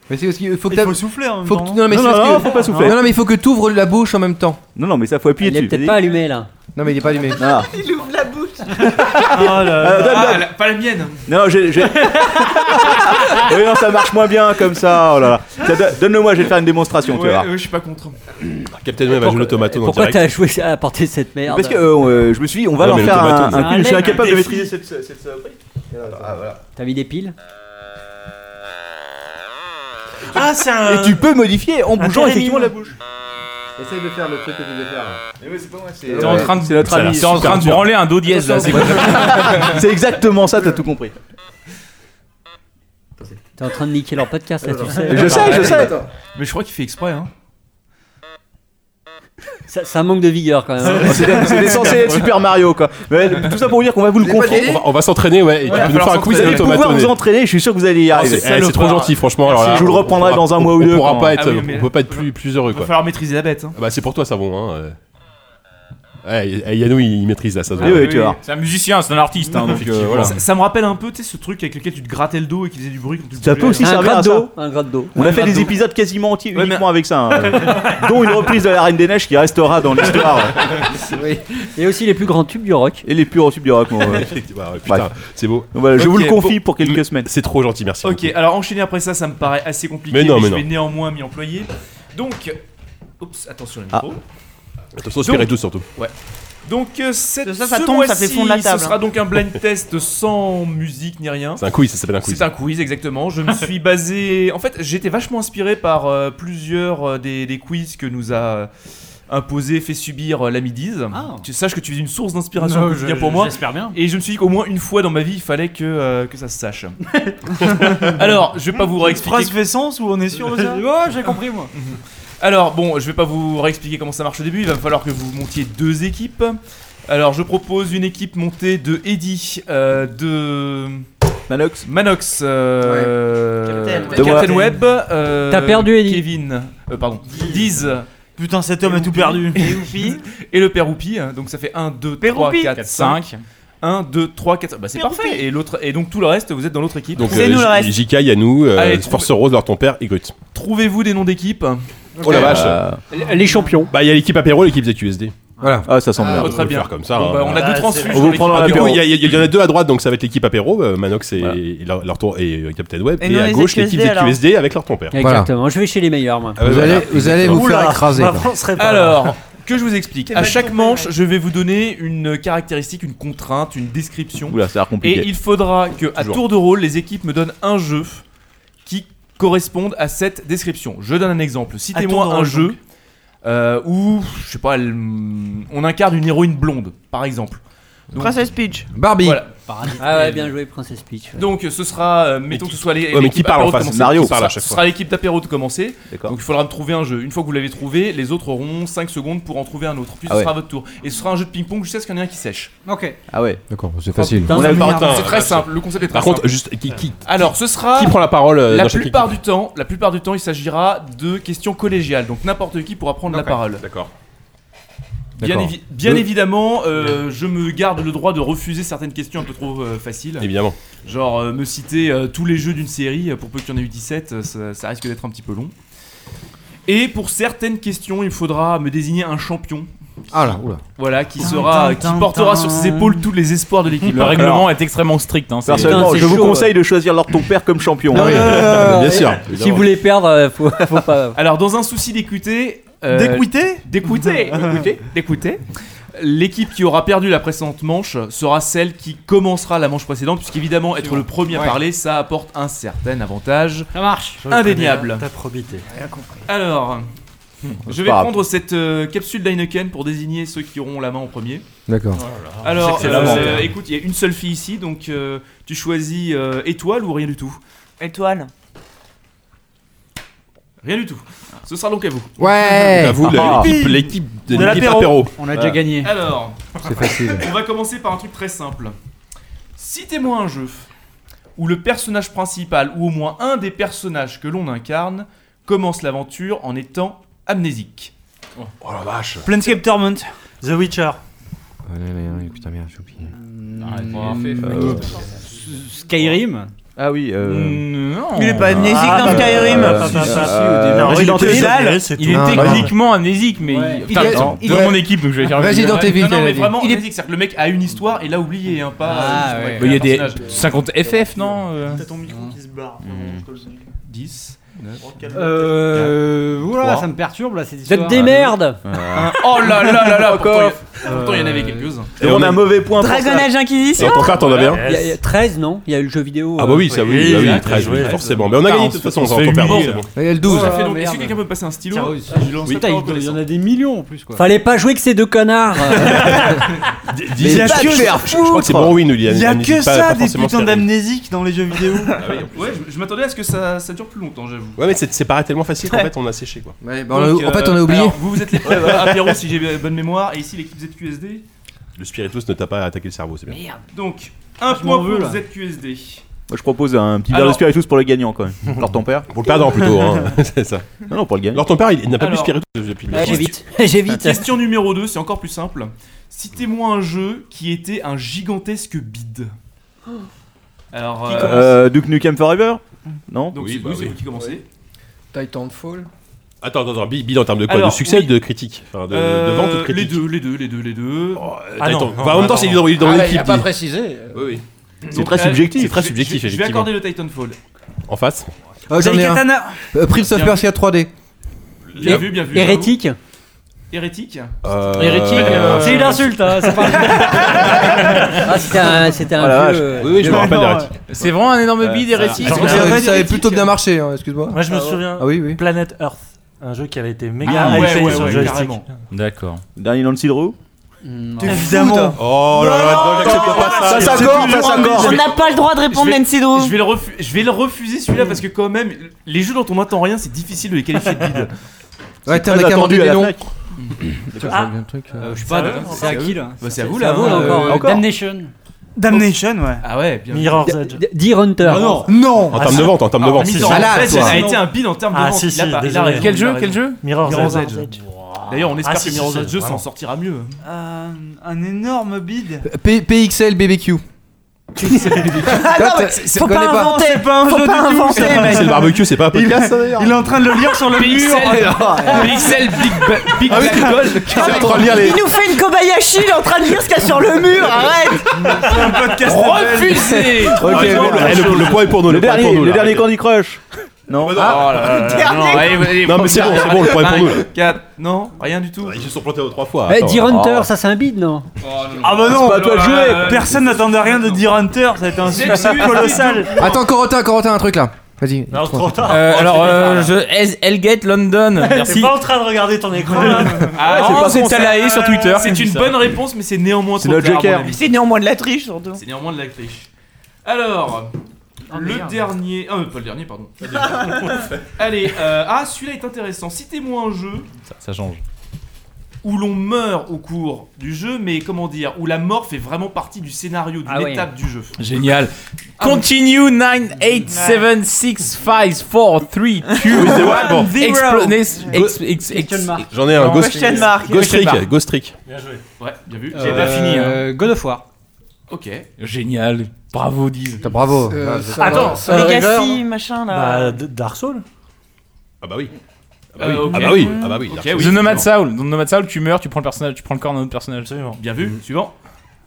Speaker 5: Mais c'est parce qu'il faut que
Speaker 11: Il
Speaker 5: t'av-
Speaker 11: faut souffler en même
Speaker 5: faut que
Speaker 11: temps.
Speaker 5: tu- Non, mais
Speaker 11: Non,
Speaker 5: c'est
Speaker 11: non,
Speaker 5: parce
Speaker 11: non,
Speaker 5: que-
Speaker 11: faut pas souffler.
Speaker 5: Non, non, mais il faut que tu ouvres la bouche en même temps.
Speaker 11: Non, non, mais ça faut appuyer
Speaker 5: Il est
Speaker 11: dessus.
Speaker 5: peut-être
Speaker 11: Vas-y.
Speaker 5: pas allumé, là. Non, mais il est pas allumé.
Speaker 11: Ah.
Speaker 6: Il ouvre la bouche.
Speaker 11: Ah, dame, dame.
Speaker 12: pas la mienne.
Speaker 11: Non, j'ai. j'ai- oui, non, ça marche moins bien comme ça. Oh là là. Ça, don- Donne-le-moi, je vais te faire une démonstration, tu vas voir.
Speaker 12: je suis pas contre.
Speaker 2: Captain Man va jouer le tomatone en
Speaker 4: Pourquoi
Speaker 2: direct.
Speaker 4: t'as joué à apporter cette merde
Speaker 11: Parce que euh, euh, je me suis dit, on va leur
Speaker 2: Non, mais le
Speaker 11: faire un,
Speaker 2: tomato,
Speaker 11: un
Speaker 2: c'est-
Speaker 11: cul. Je suis
Speaker 2: Allez,
Speaker 11: incapable de
Speaker 2: mais-
Speaker 11: maîtriser cette. cette saloperie. Ah, voilà.
Speaker 4: T'as mis des piles
Speaker 12: Ah, c'est un.
Speaker 11: Et tu peux modifier en bougeant
Speaker 12: télémine.
Speaker 11: effectivement la bouche.
Speaker 5: Essaye de faire le truc que tu veux faire.
Speaker 11: Mais ouais, c'est pas moi, c'est. euh,
Speaker 7: T'es en train de,
Speaker 11: c'est notre ami.
Speaker 7: t'es en train de
Speaker 11: Super.
Speaker 7: branler un dos dièse là. C'est
Speaker 11: C'est exactement ça, t'as tout compris.
Speaker 4: T'es en train de niquer leur podcast là, tu Euh, sais.
Speaker 7: euh,
Speaker 11: Je sais,
Speaker 7: bah,
Speaker 11: je sais.
Speaker 10: Mais je crois qu'il fait exprès, hein.
Speaker 4: Ça, ça manque de vigueur quand
Speaker 11: Euh,
Speaker 4: même.
Speaker 11: C'était c'était censé être Super Mario quoi. Mais tout ça pour vous dire qu'on va vous le confier.
Speaker 2: On va, on va s'entraîner, ouais. Et
Speaker 11: Voilà.
Speaker 2: tu peux nous faire un quiz
Speaker 11: Vous
Speaker 2: à
Speaker 11: allez pouvoir
Speaker 2: l'automatone.
Speaker 11: vous entraîner, je suis sûr que vous allez y
Speaker 2: Ah,
Speaker 11: arriver.
Speaker 2: c'est- eh, c'est trop gentil, franchement. Alors là,
Speaker 11: je vous le
Speaker 2: on-
Speaker 11: reprendrai
Speaker 2: on-
Speaker 11: dans un
Speaker 2: on-
Speaker 11: mois ou deux.
Speaker 2: On pourra
Speaker 11: quand-
Speaker 2: pas être,
Speaker 11: Ah oui, mais-
Speaker 2: on peut pas être plus, plus heureux,
Speaker 11: Va
Speaker 2: quoi.
Speaker 11: falloir maîtriser la bête.
Speaker 2: Ah bah, c'est pour toi, Savon. Hein. euh. Ouais, y- eh, Yannou, il maîtrise là, ça se
Speaker 11: Ah
Speaker 2: voit.
Speaker 11: oui, tu vois.
Speaker 7: C'est un musicien, c'est un artiste. hein, donc, euh, voilà.
Speaker 10: ça, ça me rappelle un peu, tu sais, ce truc avec lequel tu te grattais le dos et qui faisait du bruit quand tu
Speaker 11: Ça peut aussi servir à ça.
Speaker 4: Un gratte d'eau.
Speaker 11: On a fait des épisodes quasiment entiers uniquement avec ça, hein. dont une reprise de la Reine des Neiges qui restera dans l'histoire.
Speaker 4: Et aussi les plus grands tubes du rock.
Speaker 11: Et les plus grands tubes du rock, mon.
Speaker 2: Ouais, Putain,
Speaker 11: Bref.
Speaker 2: c'est beau.
Speaker 11: Voilà, je vous le
Speaker 10: Ok,
Speaker 11: confie pour quelques semaines.
Speaker 2: C'est trop gentil, merci.
Speaker 10: Ok, alors enchaîner après ça, ça me paraît assez compliqué,
Speaker 2: Mais
Speaker 10: mais,
Speaker 2: non, mais
Speaker 10: je
Speaker 2: non.
Speaker 10: vais néanmoins m'y employer. Donc, oups, attention
Speaker 11: Ah.
Speaker 10: le micro.
Speaker 2: Attention au spiritus, surtout.
Speaker 10: Ouais. Donc euh, cette,
Speaker 6: Ça, ça
Speaker 10: ce
Speaker 6: tombe, ça fait
Speaker 10: mois-ci,
Speaker 6: fondre la table,
Speaker 10: Ce sera
Speaker 6: hein.
Speaker 10: donc un blind test sans musique ni rien.
Speaker 2: C'est un quiz, ça s'appelle un quiz.
Speaker 10: C'est un quiz, exactement. Je me suis basé. En fait, j'étais vachement inspiré par euh, plusieurs euh, des, des quiz que nous a euh, imposé, fait subir euh, la Midis. Tu saches que tu es une source d'inspiration
Speaker 12: Ah. Non,
Speaker 10: au quotidien
Speaker 12: je-
Speaker 10: pour moi.
Speaker 12: j'espère bien.
Speaker 10: Et je me suis dit qu'au moins une fois dans ma vie, il fallait que, euh, que ça se sache. Alors, je vais pas vous réexpliquer.
Speaker 12: Phrase fait sens ou on est sûr de ça
Speaker 10: Ouais, j'ai compris, moi. Alors bon, je vais pas vous réexpliquer comment ça marche au début, il va falloir que vous montiez deux équipes. Alors je propose une équipe montée de Eddy, euh, de...
Speaker 11: Manox.
Speaker 10: Manox. euh,
Speaker 12: Captain
Speaker 10: Captain,
Speaker 12: Web.
Speaker 10: Web. euh,
Speaker 12: T'as perdu, Eddy.
Speaker 10: Kevin. euh, pardon. Diz.
Speaker 12: Putain, cet homme a tout perdu.
Speaker 10: Et Et le père Oupi. hein, Donc ça fait 1, 2, 3,
Speaker 12: Oupi.
Speaker 10: 4, 5. 1, 2, 3, 4. Bah c'est
Speaker 12: Père
Speaker 10: parfait. Et, l'autre, et donc tout le reste, vous êtes dans l'autre équipe.
Speaker 2: Donc, euh, J- JK, Yannou, euh,
Speaker 10: Allez,
Speaker 2: Force Rose, leur ton père, Igrut.
Speaker 10: Trouvez-vous des noms Euh, d'équipes.
Speaker 2: Oh la vache.
Speaker 4: Les champions.
Speaker 2: Bah, il y a l'équipe apéro, l'équipe ZQSD.
Speaker 11: Voilà. Ah, ça semble
Speaker 10: Ah,
Speaker 2: bien.
Speaker 10: oh, très
Speaker 2: On peut
Speaker 10: bien.
Speaker 2: faire comme ça.
Speaker 10: Bon, bah,
Speaker 2: hein.
Speaker 10: on a deux Ah, transfuges c'est-
Speaker 2: Ah,
Speaker 10: sur l'équipe
Speaker 2: Ah, Du
Speaker 10: apéro.
Speaker 2: coup, il y, a- il y- il y en a deux à droite, donc ça va être l'équipe apéro, euh, Manox et, et leur, leur ton- et euh, Captain Web.
Speaker 4: Et
Speaker 2: Et,
Speaker 4: nous,
Speaker 2: à
Speaker 4: les
Speaker 2: gauche, l'équipe
Speaker 4: ZQSD,
Speaker 2: ZQSD avec leur ton père.
Speaker 4: Exactement, je vais chez les meilleurs moi.
Speaker 2: Ah, ouais, Vous voilà. allez- vous allez vous Oula, faire écraser, ma quoi. France serait pas
Speaker 10: Alors,
Speaker 2: là.
Speaker 10: que je vous explique.
Speaker 2: T'es
Speaker 10: À
Speaker 2: mal
Speaker 10: chaque
Speaker 2: tombé,
Speaker 10: manche, je vais vous donner une caractéristique, une contrainte, une description.
Speaker 11: Oula, ça a l'air compliqué.
Speaker 10: Et il faudra que, à
Speaker 11: Toujours.
Speaker 10: tour de rôle, les équipes me donnent un jeu qui corresponde à cette description. Je donne un exemple.
Speaker 12: tour de
Speaker 10: Citez-moi un
Speaker 12: rôle,
Speaker 10: jeu euh, où, je sais pas, elle- on incarne une héroïne blonde, par exemple.
Speaker 6: Princess Peach.
Speaker 5: Barbie.
Speaker 10: Voilà.
Speaker 4: Ah ouais, bien joué, Princess Peach. ouais.
Speaker 10: Donc euh, ce sera, euh, mettons que ce soit les-
Speaker 2: Ouais, mais qui
Speaker 10: l'équipe
Speaker 2: parle en
Speaker 10: apéro de
Speaker 2: face
Speaker 10: commencer.
Speaker 2: Mario
Speaker 10: Ce
Speaker 2: parle à
Speaker 10: sera-
Speaker 2: chaque
Speaker 10: ce
Speaker 2: fois.
Speaker 10: sera l'équipe d'apéro de commencer. Donc il faudra me trouver un jeu. Une fois que vous l'avez trouvé, les autres auront 5 secondes pour en trouver un autre. Puis
Speaker 5: Ah
Speaker 10: ce
Speaker 5: ouais.
Speaker 10: sera votre tour. Et ce sera un jeu de ping-pong jusqu'à ce qu'il y en ait un qui sèche.
Speaker 13: Ok.
Speaker 5: Ah ouais. D'accord, c'est facile.
Speaker 10: On a le partant,
Speaker 2: Putain,
Speaker 10: C'est très
Speaker 2: ouais,
Speaker 10: simple. Le concept est très
Speaker 2: Par contre,
Speaker 10: simple.
Speaker 2: juste, qui- qui-
Speaker 10: Alors, ce sera.
Speaker 2: qui prend la parole, euh,
Speaker 10: La
Speaker 2: dans chaque
Speaker 10: plupart du temps, la plupart du temps, il s'agira de questions collégiales. Donc n'importe qui pourra prendre la parole.
Speaker 2: D'accord.
Speaker 10: Bien,
Speaker 2: D'accord.
Speaker 10: évi- bien
Speaker 2: Le-
Speaker 10: évidemment, euh, je me garde le droit de refuser certaines questions un peu trop euh, faciles.
Speaker 2: Évidemment.
Speaker 10: Genre euh, me citer euh, tous les jeux d'une série, euh, pour peu qu'il y en ait eu 17, euh, ça, ça risque d'être un petit peu long. Et pour certaines questions, il faudra me désigner un champion.
Speaker 5: Ah là, oula.
Speaker 10: Voilà, qui
Speaker 7: Tin,
Speaker 10: sera,
Speaker 7: tin,
Speaker 10: qui
Speaker 7: tin,
Speaker 10: portera
Speaker 7: tin.
Speaker 10: sur ses épaules tous les espoirs de l'équipe.
Speaker 7: Le règlement est extrêmement strict. hein, c'est-
Speaker 11: Personnellement,
Speaker 7: Putain,
Speaker 11: je
Speaker 7: c'est
Speaker 11: vous
Speaker 7: chaud,
Speaker 11: conseille de choisir leur ton père comme champion.
Speaker 7: Ah oui.
Speaker 11: Euh,
Speaker 7: Bien sûr,
Speaker 4: Si vous voulez perdre, euh, faut, faut pas.
Speaker 10: Alors, dans un souci euh, d'équité.
Speaker 4: D'équité
Speaker 10: D'équité d'équité, D'équité L'équipe qui aura perdu la précédente manche sera celle qui commencera la manche précédente, puisqu'évidemment, être le premier à
Speaker 12: Ouais.
Speaker 10: parler, ça apporte un certain avantage.
Speaker 12: Ça marche. Je
Speaker 10: Indéniable.
Speaker 12: connais ta probité. Rien compris.
Speaker 10: Alors, je vais
Speaker 12: Pas grave.
Speaker 10: prendre cette euh, capsule d'Heineken pour désigner ceux qui auront la main en premier.
Speaker 5: D'accord.
Speaker 12: Oh là là.
Speaker 10: Alors,
Speaker 12: C'est
Speaker 10: euh,
Speaker 12: lamentable.
Speaker 10: écoute, il y a une seule fille ici, donc euh, tu choisis euh, étoile ou rien du tout
Speaker 6: Étoile.
Speaker 10: Rien du tout. Ce sera donc à vous.
Speaker 5: Ouais.
Speaker 2: À vous, le-
Speaker 5: Ah.
Speaker 2: l'équipe- l'équipe de- De l'équipe l'apéro. apéro. On a déjà gagné.
Speaker 10: Alors,
Speaker 5: C'est facile.
Speaker 10: On va commencer par un truc très simple. Citez-moi un jeu où le personnage principal ou au moins un des personnages que l'on incarne commence l'aventure en étant amnésique. Oh, la vache.
Speaker 12: Planescape Torment. The Witcher.
Speaker 4: Ah,
Speaker 5: Putain, merde, j'ai oublié.
Speaker 11: Euh,
Speaker 13: Skyrim
Speaker 11: Ah oui. euh,
Speaker 13: Non.
Speaker 12: Il est pas amnésique
Speaker 11: Ah,
Speaker 12: dans Skyrim.
Speaker 11: euh,
Speaker 12: Si, si,
Speaker 2: Ah,
Speaker 12: si,
Speaker 11: euh,
Speaker 12: au début.
Speaker 11: Resident
Speaker 12: Il était
Speaker 11: Evil.
Speaker 12: sale,
Speaker 7: Il est techniquement amnésique, mais Ah, il,
Speaker 10: Il
Speaker 7: Putain,
Speaker 10: est-
Speaker 7: dans-
Speaker 10: il
Speaker 7: dans
Speaker 10: est-
Speaker 7: mon équipe, donc je vais dire.
Speaker 10: Non,
Speaker 7: Evil,
Speaker 10: Non,
Speaker 7: elle a
Speaker 10: mais
Speaker 7: dit.
Speaker 10: vraiment, amnésique, c'est-à-dire que le mec a une histoire et l'a oubliée, hein, pas.
Speaker 7: Ah, ouais.
Speaker 10: euh, juste, on
Speaker 7: Il y a des
Speaker 10: créé un personnage.
Speaker 7: 50 FF, non, euh Hmm.
Speaker 12: T'as ton micro qui se barre.
Speaker 10: 10.
Speaker 13: Euh. Oula,
Speaker 10: Trois.
Speaker 13: ça me perturbe là cette
Speaker 10: Vous êtes
Speaker 13: histoire. Ah,
Speaker 10: des
Speaker 7: Ah,
Speaker 10: merdes Euh, Oh là là là là,
Speaker 13: Fuck
Speaker 10: pourtant,
Speaker 13: off.
Speaker 10: il y a- pourtant, il y en avait quelques-uns.
Speaker 11: Et on a un mauvais point pour
Speaker 6: Dragon
Speaker 11: ça.
Speaker 6: Age Inquisition.
Speaker 2: Et encore, t'en avais
Speaker 13: Euh,
Speaker 2: un
Speaker 4: Il y a- il y a 13, non Il y a eu le jeu vidéo. euh,
Speaker 2: Ah bah oui, ça oui, bah oui, très joué, forcément. Mais on a gagné de toute façon, on s'en perd pas, c'est bon.
Speaker 5: Il y a le
Speaker 10: Ça fait
Speaker 4: Ah,
Speaker 10: donc- Est-ce que
Speaker 4: merde.
Speaker 10: quelqu'un peut passer un stylo
Speaker 13: Tiens,
Speaker 10: Ah, je lance
Speaker 13: oui, putain,
Speaker 10: ça par
Speaker 13: il- il y en a
Speaker 10: reconnaissance.
Speaker 13: des millions en plus quoi.
Speaker 4: Fallait pas jouer que ces deux connards.
Speaker 2: Il y a que ça. Je crois que c'est Bronwyn où il y a-
Speaker 12: Il y a
Speaker 2: on n'hésite
Speaker 12: que
Speaker 2: pas-
Speaker 12: ça
Speaker 2: pas
Speaker 12: des
Speaker 2: forcément
Speaker 12: putains
Speaker 2: Skyrim.
Speaker 12: d'amnésiques dans les jeux vidéo.
Speaker 10: Ah Ouais, je, je m'attendais à ce que ça, ça dure plus longtemps, j'avoue.
Speaker 2: Ouais, mais c'est c'est paraît tellement facile qu'en fait on a séché quoi.
Speaker 5: Ouais,
Speaker 10: Donc, euh, alors, vous, vous êtes les preuves, hein, apéro si j'ai bonne mémoire, et ici l'équipe ZQSD.
Speaker 2: Le spiritus ne t'a pas attaqué le cerveau, c'est bien.
Speaker 10: Donc, un
Speaker 12: m'en
Speaker 10: point
Speaker 12: veux,
Speaker 10: pour
Speaker 12: là.
Speaker 10: ZQSD.
Speaker 11: Moi, je propose un petit verre
Speaker 10: Alors-
Speaker 11: de spiritus pour le gagnant quand même. Alors ton père
Speaker 2: Pour le perdant plutôt, hein. c'est ça.
Speaker 11: Non, non, pour le gagnant.
Speaker 2: Alors ton père, il n'a pas bu de
Speaker 10: Alors-
Speaker 2: spiritus depuis le
Speaker 10: Question-
Speaker 4: J'évite.
Speaker 10: Question numéro 2, c'est encore plus simple. Citez-moi un jeu qui était un gigantesque bide. Alors, euh,
Speaker 11: Euh, Duke Nukem Forever Non
Speaker 10: donc
Speaker 11: Oui,
Speaker 10: c'est
Speaker 11: bah
Speaker 10: vous, c'est
Speaker 11: oui.
Speaker 10: vous qui commencez.
Speaker 18: Titanfall.
Speaker 2: Attends, attends, attends, bi- bilan en termes de quoi
Speaker 10: Alors,
Speaker 2: De succès
Speaker 10: oui.
Speaker 2: ou de critique Enfin, de,
Speaker 10: Euh,
Speaker 2: de vente ou de
Speaker 10: Les
Speaker 2: critique
Speaker 10: deux, les deux, les deux, les deux.
Speaker 2: Ah non, attends, non, bah, en même temps, c'est lui dans- il est dans
Speaker 18: Ah ouais,
Speaker 2: l'équipe,
Speaker 18: Il a pas
Speaker 2: lui.
Speaker 18: précisé.
Speaker 10: Oui, oui.
Speaker 2: C'est très subjectif. C'est très
Speaker 10: je-
Speaker 2: subjectif,
Speaker 10: je- Je vais
Speaker 2: effectivement.
Speaker 10: accorder le Titanfall.
Speaker 2: En face
Speaker 5: Ah, j'en ai un.
Speaker 10: Katana.
Speaker 5: Euh, Prince of
Speaker 10: Bien
Speaker 5: Persia 3D.
Speaker 10: Bien vu, bien vu.
Speaker 4: Hérétique
Speaker 10: Hérétique
Speaker 2: Euh,
Speaker 4: Hérétique,
Speaker 2: euh,
Speaker 4: c'est une insulte, hein, c'est pas- Ah, c'était un, c'était un vieux, euh,
Speaker 2: Oh Oui, je me
Speaker 4: vieux- euh.
Speaker 2: rappelle d'Hérétique.
Speaker 4: C'est vraiment un énorme bide, Hérétique.
Speaker 5: Ça avait- ça avait plutôt bien marché, hein, excuse-moi.
Speaker 8: Moi, je me souviens.
Speaker 5: Ah oui, oui.
Speaker 8: Planet Earth, un jeu qui avait été méga
Speaker 11: Ah, ouais,
Speaker 8: hypé
Speaker 11: ouais,
Speaker 8: sur
Speaker 11: ouais,
Speaker 8: joystick.
Speaker 11: carrément.
Speaker 7: D'accord.
Speaker 11: Dernier Nancy Drew
Speaker 10: Ah,
Speaker 12: Évidemment.
Speaker 2: Oh là là, non, j'accepte pas ça.
Speaker 12: Ça s'accorde, ça s'accorde.
Speaker 6: On n'a pas le droit de
Speaker 10: Je
Speaker 6: répondre,
Speaker 10: vais-
Speaker 6: Nancy Drew.
Speaker 10: Je vais le, refu- je vais le refuser celui-là parce que quand même, les jeux dont on n'entend rien, c'est difficile de les qualifier de bide.
Speaker 5: Ouais,
Speaker 10: C'est
Speaker 5: t'en as
Speaker 10: très
Speaker 5: qu'à
Speaker 10: attendu
Speaker 5: demander
Speaker 10: à
Speaker 5: des
Speaker 10: la
Speaker 5: noms.
Speaker 10: Fnac. Ah.
Speaker 13: Euh, je sais pas,
Speaker 10: C'est à
Speaker 13: de-
Speaker 10: eux,
Speaker 13: c'est à qui,
Speaker 10: eux.
Speaker 13: là
Speaker 10: Bah, C'est à vous
Speaker 13: C'est à
Speaker 10: là.
Speaker 13: vous, là,
Speaker 10: Euh,
Speaker 13: encore.
Speaker 10: encore.
Speaker 13: Damnation.
Speaker 12: Damnation, ouais.
Speaker 10: Ah ouais, bien
Speaker 12: Mirror's
Speaker 10: vu.
Speaker 12: Edge.
Speaker 4: Deer Hunter.
Speaker 10: Ah non.
Speaker 12: Non.
Speaker 2: En termes de vente, en termes de
Speaker 10: Alors,
Speaker 2: vente.
Speaker 10: Mirror's Edge, ça a été un bid en termes de
Speaker 2: Ah,
Speaker 10: vente.
Speaker 2: si,
Speaker 10: Il
Speaker 2: si,
Speaker 10: a pas- il a
Speaker 2: désolé.
Speaker 10: raison,
Speaker 2: Quel
Speaker 10: il
Speaker 2: jeu,
Speaker 10: a
Speaker 2: quel
Speaker 10: raison.
Speaker 2: jeu
Speaker 8: Mirror's Edge.
Speaker 10: D'ailleurs, on espère
Speaker 12: Ah,
Speaker 10: que
Speaker 12: si, si,
Speaker 10: Mirror's
Speaker 12: si,
Speaker 10: Edge 2 s'en
Speaker 12: vraiment.
Speaker 10: sortira mieux.
Speaker 12: Euh, un énorme bide.
Speaker 5: P- PXL BBQ.
Speaker 12: Ah non, mais
Speaker 5: c'est-
Speaker 12: faut
Speaker 5: c'est- connais
Speaker 12: pas
Speaker 5: pas.
Speaker 12: inventer,
Speaker 5: C'est pas
Speaker 12: un
Speaker 5: faut
Speaker 12: jeu
Speaker 5: pas
Speaker 12: du tout,
Speaker 5: inventer,
Speaker 12: ça.
Speaker 5: mec.
Speaker 2: C'est le barbecue, c'est pas un
Speaker 12: Il,
Speaker 2: podcast ça d'ailleurs
Speaker 12: il est en train de le lire sur le
Speaker 7: Pixel.
Speaker 12: mur.
Speaker 7: Pixel, Big Ba- Big
Speaker 12: Ah oui.
Speaker 7: Gold.
Speaker 12: Ah, mais-
Speaker 6: Il nous fait une Kobayashi, il est en train de lire ce qu'il y a sur le mur, arrête
Speaker 12: un podcast
Speaker 7: Refusé
Speaker 11: Ok,
Speaker 2: Ah, non,
Speaker 11: voilà.
Speaker 2: eh, le- le point est pour nous,
Speaker 11: Le
Speaker 2: le point est
Speaker 11: dernier,
Speaker 2: pour nous,
Speaker 11: le
Speaker 2: là.
Speaker 11: dernier Candy Crush Non
Speaker 10: Oh, Non, allez, allez,
Speaker 2: Non, mais c'est bon, c'est bon, le point est pour nous, là.
Speaker 10: 4, non, rien du tout.
Speaker 2: Ils se sont plantés aux trois fois.
Speaker 4: Eh,
Speaker 2: attends.
Speaker 4: Deer Hunter, ça c'est un bide, non
Speaker 10: Oh,
Speaker 12: Ah bah non,
Speaker 2: C'est pas à toi de jouer.
Speaker 12: Personne n'attendait rien de dire Hunter, ça a été un
Speaker 10: J'ai-
Speaker 12: succès
Speaker 10: j'ai eu-
Speaker 12: colossal.
Speaker 5: Attends, Corotin, Corotin, un truc là. Vas-y.
Speaker 12: Non, trop tard.
Speaker 18: Euh,
Speaker 12: Oh,
Speaker 18: alors,
Speaker 12: c'est
Speaker 18: euh,
Speaker 12: pas
Speaker 18: je, Es- Hellgate London.
Speaker 12: T'es
Speaker 18: Merci.
Speaker 12: pas en train de regarder ton écran.
Speaker 18: Ah, c'est pas con, ça.
Speaker 12: sur Twitter.
Speaker 10: C'est une bonne réponse, mais c'est néanmoins
Speaker 12: C'est
Speaker 10: trop
Speaker 12: notre
Speaker 10: tard, à
Speaker 12: joker.
Speaker 10: mon avis.
Speaker 6: C'est néanmoins de la triche, surtout.
Speaker 10: C'est néanmoins de la triche. Alors, le
Speaker 6: merde.
Speaker 10: dernier. Ah, pas le dernier, pardon. Allez, euh, ah, celui-là est intéressant. Citez-moi un jeu
Speaker 11: Ça change.
Speaker 10: où l'on meurt au cours du jeu, mais comment dire, où la mort fait vraiment partie du scénario, d'une
Speaker 18: Ah oui.
Speaker 10: étape du jeu. Ah
Speaker 18: Génial. Continue 9, 8, 7, 6, 5, 4, 3, 2,
Speaker 2: Oui, c'est vrai, bon.
Speaker 18: 1,
Speaker 2: Explo- J'en ai un Ghost
Speaker 18: Question
Speaker 2: Trick.
Speaker 18: mark.
Speaker 2: Ghost
Speaker 18: Question
Speaker 2: Trick.
Speaker 18: mark.
Speaker 2: Ghost Trick.
Speaker 10: Bien joué. Ouais, bien vu.
Speaker 18: Euh,
Speaker 10: J'ai pas fini. hein.
Speaker 18: God of War.
Speaker 10: Ok.
Speaker 7: Génial. Bravo, Diz.
Speaker 5: Bravo.
Speaker 10: Euh,
Speaker 5: Ah,
Speaker 10: ça Attends, va.
Speaker 6: ça va.
Speaker 10: Euh,
Speaker 6: Legacy, machin, là.
Speaker 8: Bah, D- Dark Souls
Speaker 2: Ah bah oui. Ah
Speaker 7: Euh, ok.
Speaker 2: Ah bah oui.
Speaker 7: Ok,
Speaker 2: Dark
Speaker 7: oui,
Speaker 2: Souls.
Speaker 7: The Nomad Soul. Dans The Nomad Soul, tu meurs, tu prends le personnage, tu prends le corps d'un autre personnage.
Speaker 8: Absolument.
Speaker 10: Bien
Speaker 2: Mm.
Speaker 10: vu. Suivant.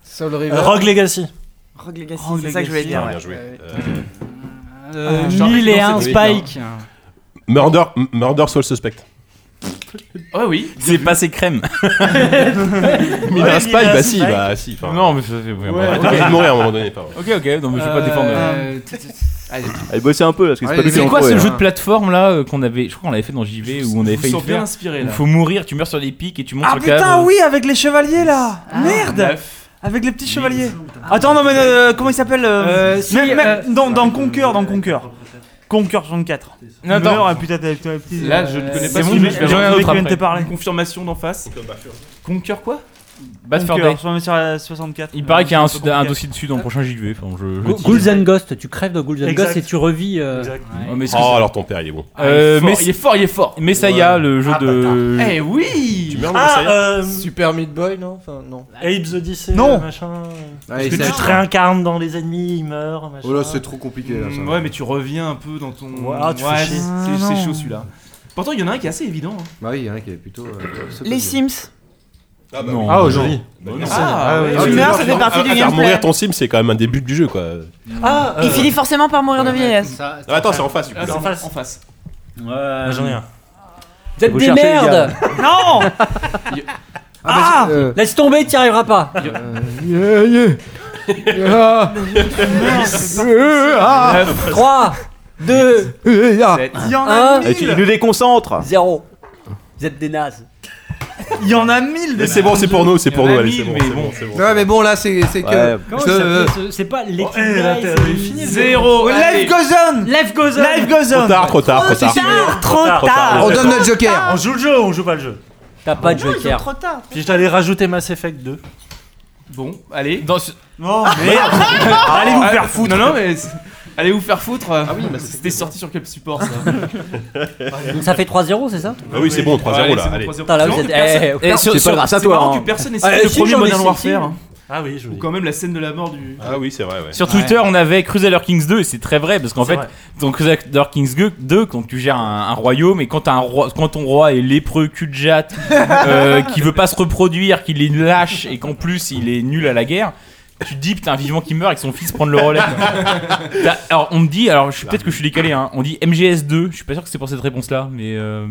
Speaker 18: Soul
Speaker 8: Euh, Rogue Legacy.
Speaker 6: Rogue Legacy, c'est ça que je voulais
Speaker 10: Legacy,
Speaker 6: dire.
Speaker 10: ouais,
Speaker 6: ouais.
Speaker 10: bien joué. Euh,
Speaker 9: Euh, Mille et un Spike.
Speaker 2: Murder, M- Murder Soul Suspect.
Speaker 10: Ah oui.
Speaker 7: C'est passé crème.
Speaker 2: Mais il a un spike, bah si, bah si. enfin.
Speaker 7: Non, mais ça fait. Ouais,
Speaker 2: Ouais,
Speaker 7: bah,
Speaker 2: t'as envie de mourir à un moment donné, pardon.
Speaker 7: Ok, ok,
Speaker 10: Euh,
Speaker 7: non, mais je vais pas défendre.
Speaker 11: Euh, Allez, bossez un peu, parce que c'est pas nous qui
Speaker 7: C'est
Speaker 11: l'avons
Speaker 7: quoi
Speaker 11: trouvé,
Speaker 7: ce
Speaker 11: hein.
Speaker 7: jeu de plateforme là euh, qu'on avait, je crois qu'on l'avait fait dans JV où on avait
Speaker 10: vous
Speaker 7: fait
Speaker 10: sens bien inspiré, là.
Speaker 7: Il faut mourir, tu meurs sur des pics et tu montes
Speaker 12: Ah
Speaker 7: sur le
Speaker 12: putain,
Speaker 7: cadre.
Speaker 12: oui, avec les chevaliers là
Speaker 10: Ah.
Speaker 12: Merde
Speaker 10: Bah,
Speaker 7: neuf.
Speaker 12: Avec les petits chevaliers. Attends, non, mais euh, comment il s'appelle euh,
Speaker 9: Euh, si,
Speaker 12: même- même
Speaker 9: euh,
Speaker 12: Dans, dans Conquer, dans Conquer. Conquer 34.
Speaker 10: Non, attends.
Speaker 12: Meurs, et putain, t'as- t'as le petit- euh,
Speaker 10: Là, je ne connais pas
Speaker 12: C'est
Speaker 10: ce
Speaker 12: bon,
Speaker 10: jeu,
Speaker 12: mais
Speaker 10: je vais
Speaker 12: j'en ai un autre
Speaker 10: après.
Speaker 12: après.
Speaker 10: Confirmation d'en face. Conquer quoi
Speaker 7: Bad Fur
Speaker 12: Conquer,
Speaker 7: Day.
Speaker 12: sur- sur la 64.
Speaker 7: Il paraît qu'il y
Speaker 2: Ah,
Speaker 7: a un,
Speaker 12: sur
Speaker 7: un
Speaker 12: 64.
Speaker 7: dossier dessus dans le prochain JV. Enfin, je, je
Speaker 4: Go-
Speaker 7: dis.
Speaker 4: Ghouls and Ghosts, tu crèves dans Ghouls and
Speaker 7: Exact.
Speaker 4: Ghosts et tu revis. euh,
Speaker 7: Oh, mais est-ce que
Speaker 2: Oh,
Speaker 7: ça-
Speaker 2: alors ton père, il est bon.
Speaker 7: Euh,
Speaker 10: Ah, il est
Speaker 7: mais
Speaker 10: fort, il est fort, il est fort.
Speaker 7: Messaya, le
Speaker 2: Ah,
Speaker 7: jeu
Speaker 2: bah,
Speaker 7: de.
Speaker 10: Eh oui
Speaker 2: Tu meurs
Speaker 8: dans Euh, Ah, Messiah
Speaker 18: Super Meat Boy, non Enfin, non.
Speaker 8: Abe's Odyssey,
Speaker 18: Non.
Speaker 8: machin.
Speaker 18: Allez,
Speaker 8: Parce que
Speaker 18: c'est
Speaker 8: tu
Speaker 18: ça.
Speaker 8: te réincarnes dans les ennemis, ils meurent, machin.
Speaker 5: Oh là, c'est trop compliqué là. Ça.
Speaker 10: Mm, ouais, mais tu reviens un peu dans ton.
Speaker 8: Ouah, tu fais
Speaker 10: c'est-
Speaker 8: chier.
Speaker 10: c'est-
Speaker 12: Ah,
Speaker 10: C'est
Speaker 12: non.
Speaker 10: chaud celui-là. Pourtant, il y en a un qui est assez évident. hein.
Speaker 5: Bah oui, il y en a qui est plutôt. euh, c'est
Speaker 6: Les
Speaker 5: pas bien.
Speaker 6: Sims.
Speaker 2: Ah, bah,
Speaker 8: Ah, aujourd'hui.
Speaker 10: Ah, ouais.
Speaker 6: Tu meurs, ça fait partie du
Speaker 2: Faire
Speaker 6: gameplay.
Speaker 2: mourir ton sim, c'est quand même un début du jeu, quoi. Euh,
Speaker 12: Ah,
Speaker 6: Il finit forcément par mourir de vieillesse.
Speaker 2: Non, attends, c'est en face, du coup.
Speaker 10: Ah, c'est
Speaker 2: là.
Speaker 10: en face. En face.
Speaker 8: Ah, J'en ai un.
Speaker 4: Vous êtes
Speaker 2: Vous
Speaker 4: des
Speaker 2: cherchez, les
Speaker 4: merdes
Speaker 12: Non
Speaker 4: Ah
Speaker 5: euh,
Speaker 4: Laisse tomber, t'y arriveras pas
Speaker 5: Yeah, yeah. Yeah. Euh, ah.
Speaker 4: 3, 2,
Speaker 5: Euh, yeah.
Speaker 12: Il y en a
Speaker 4: Hein
Speaker 12: mille.
Speaker 11: Et tu- Il nous déconcentre
Speaker 4: 0. Vous êtes des nazes.
Speaker 12: Il y en a mille.
Speaker 2: Mais c'est bon, c'est pour nous, c'est pour
Speaker 10: Il y en
Speaker 2: nous,
Speaker 10: a
Speaker 2: allez, c'est
Speaker 10: mille,
Speaker 2: bon,
Speaker 10: mais
Speaker 2: c'est
Speaker 10: bon.
Speaker 2: bon, c'est bon.
Speaker 5: Ouais, mais bon, là, c'est c'est que.
Speaker 11: Ouais.
Speaker 9: Comment il
Speaker 5: je- euh,
Speaker 9: s'appelle ce- C'est pas l'équipe
Speaker 8: eh, là, t'as-
Speaker 12: euh,
Speaker 9: Life.
Speaker 10: oh, Zéro allez.
Speaker 12: Life goes on
Speaker 9: Life goes on.
Speaker 12: Life goes on Oh,
Speaker 2: Trop tard, trop tard, trop
Speaker 12: c'est
Speaker 2: tard.
Speaker 12: tard, trop tard.
Speaker 5: on donne notre joker.
Speaker 8: On joue le jeu, on joue pas le jeu.
Speaker 4: T'as pas de
Speaker 6: Non, ils ont
Speaker 4: joker.
Speaker 6: trop tard.
Speaker 8: Puis je t'allais rajouter Mass Effect 2.
Speaker 10: Bon, allez.
Speaker 7: Dans ce-
Speaker 12: Non, merde.
Speaker 10: allez vous faire foutre. Ah, Non, non, mais. c'est- Allez vous faire foutre. Ah oui, c'était sorti sur quel support ça
Speaker 4: Ça fait 3-0, c'est ça
Speaker 2: Ah oui, c'est bon, 3-0 là.
Speaker 10: c'est bon,
Speaker 2: Allez.
Speaker 10: 3-0.
Speaker 4: Putain, là, vous
Speaker 10: Non,
Speaker 4: êtes-
Speaker 10: personne-
Speaker 4: eh, eh, c'est
Speaker 10: personne-
Speaker 4: pas
Speaker 10: c'est
Speaker 4: grave,
Speaker 10: marrant
Speaker 4: ça, toi,
Speaker 10: que
Speaker 4: hein.
Speaker 10: personne n'ait
Speaker 4: Ah,
Speaker 10: cité le
Speaker 4: si,
Speaker 10: premier
Speaker 4: j'en ai
Speaker 10: Modern
Speaker 4: cité.
Speaker 10: Warfare. hein.
Speaker 8: Ah oui, je
Speaker 10: Ou quand même la scène de la mort du.
Speaker 2: Ah oui, c'est vrai, ouais.
Speaker 7: Sur Twitter, on avait Crusader Kings 2 et c'est très vrai parce qu'en
Speaker 8: C'est
Speaker 7: fait,
Speaker 8: vrai.
Speaker 7: dans Crusader Kings 2, quand tu gères un, un royaume et quand, t'as un roi, quand ton roi est lépreux cul de jatte, euh, qui veut pas se reproduire, qu'il est lâche et qu'en plus il est nul à la guerre. Tu te dis putain vivant qui meurt et que son fils prend le relais. T'as- alors on me dit alors je suis- peut-être que je suis décalé hein, on dit MGS2 je suis pas sûr que c'est pour cette réponse là mais euh,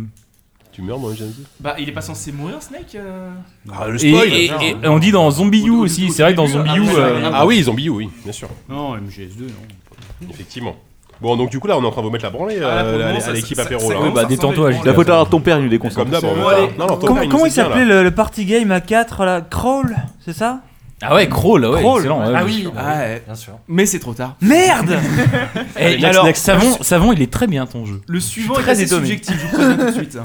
Speaker 2: Tu meurs dans les jeunes
Speaker 10: Bah, il est pas censé mourir, Snake euh
Speaker 2: Ah, le
Speaker 7: et, et- et on dit dans Zombie U aussi c'est vrai que dans Zombie U euh,
Speaker 2: Ah oui, Zombie, oui, bien sûr.
Speaker 11: Non, MGS2, non.
Speaker 2: Effectivement. Bon, donc du coup, là, on est en train de vous mettre la branlée
Speaker 10: Ah, là, pour le
Speaker 2: euh, à
Speaker 10: moment,
Speaker 2: l'é-
Speaker 10: ça-
Speaker 2: à l'équipe
Speaker 10: ça-
Speaker 2: apéro
Speaker 10: ça-
Speaker 2: là.
Speaker 10: ça-
Speaker 2: hein. ah
Speaker 7: bah,
Speaker 10: ça
Speaker 7: détends-toi,
Speaker 10: ressemble à
Speaker 7: Gilles.
Speaker 11: La faute d'avoir ton père, il nous
Speaker 2: Comme
Speaker 11: déconcentre.
Speaker 2: d'hab, on
Speaker 11: C'est-
Speaker 2: va- Non, non, ton
Speaker 12: Comment,
Speaker 2: père,
Speaker 12: comment
Speaker 2: nous
Speaker 12: il
Speaker 2: soutient, là.
Speaker 12: s'appelait le, le party game à 4 là Crawl, c'est ça
Speaker 7: ah ouais Crawl ouais
Speaker 12: Crawl.
Speaker 7: excellent ouais,
Speaker 8: Ah
Speaker 7: bien
Speaker 8: oui,
Speaker 7: sûr.
Speaker 8: bah oui,
Speaker 10: ouais.
Speaker 8: bien sûr.
Speaker 10: Mais c'est trop tard.
Speaker 12: Merde
Speaker 7: Eh,
Speaker 2: Allez, next,
Speaker 7: alors
Speaker 2: next.
Speaker 7: savon savon il est très bien ton jeu
Speaker 10: Le suivant
Speaker 7: Je suis
Speaker 10: est
Speaker 7: très
Speaker 10: assez
Speaker 7: étonné.
Speaker 10: subjectif, je vous préviens tout de suite.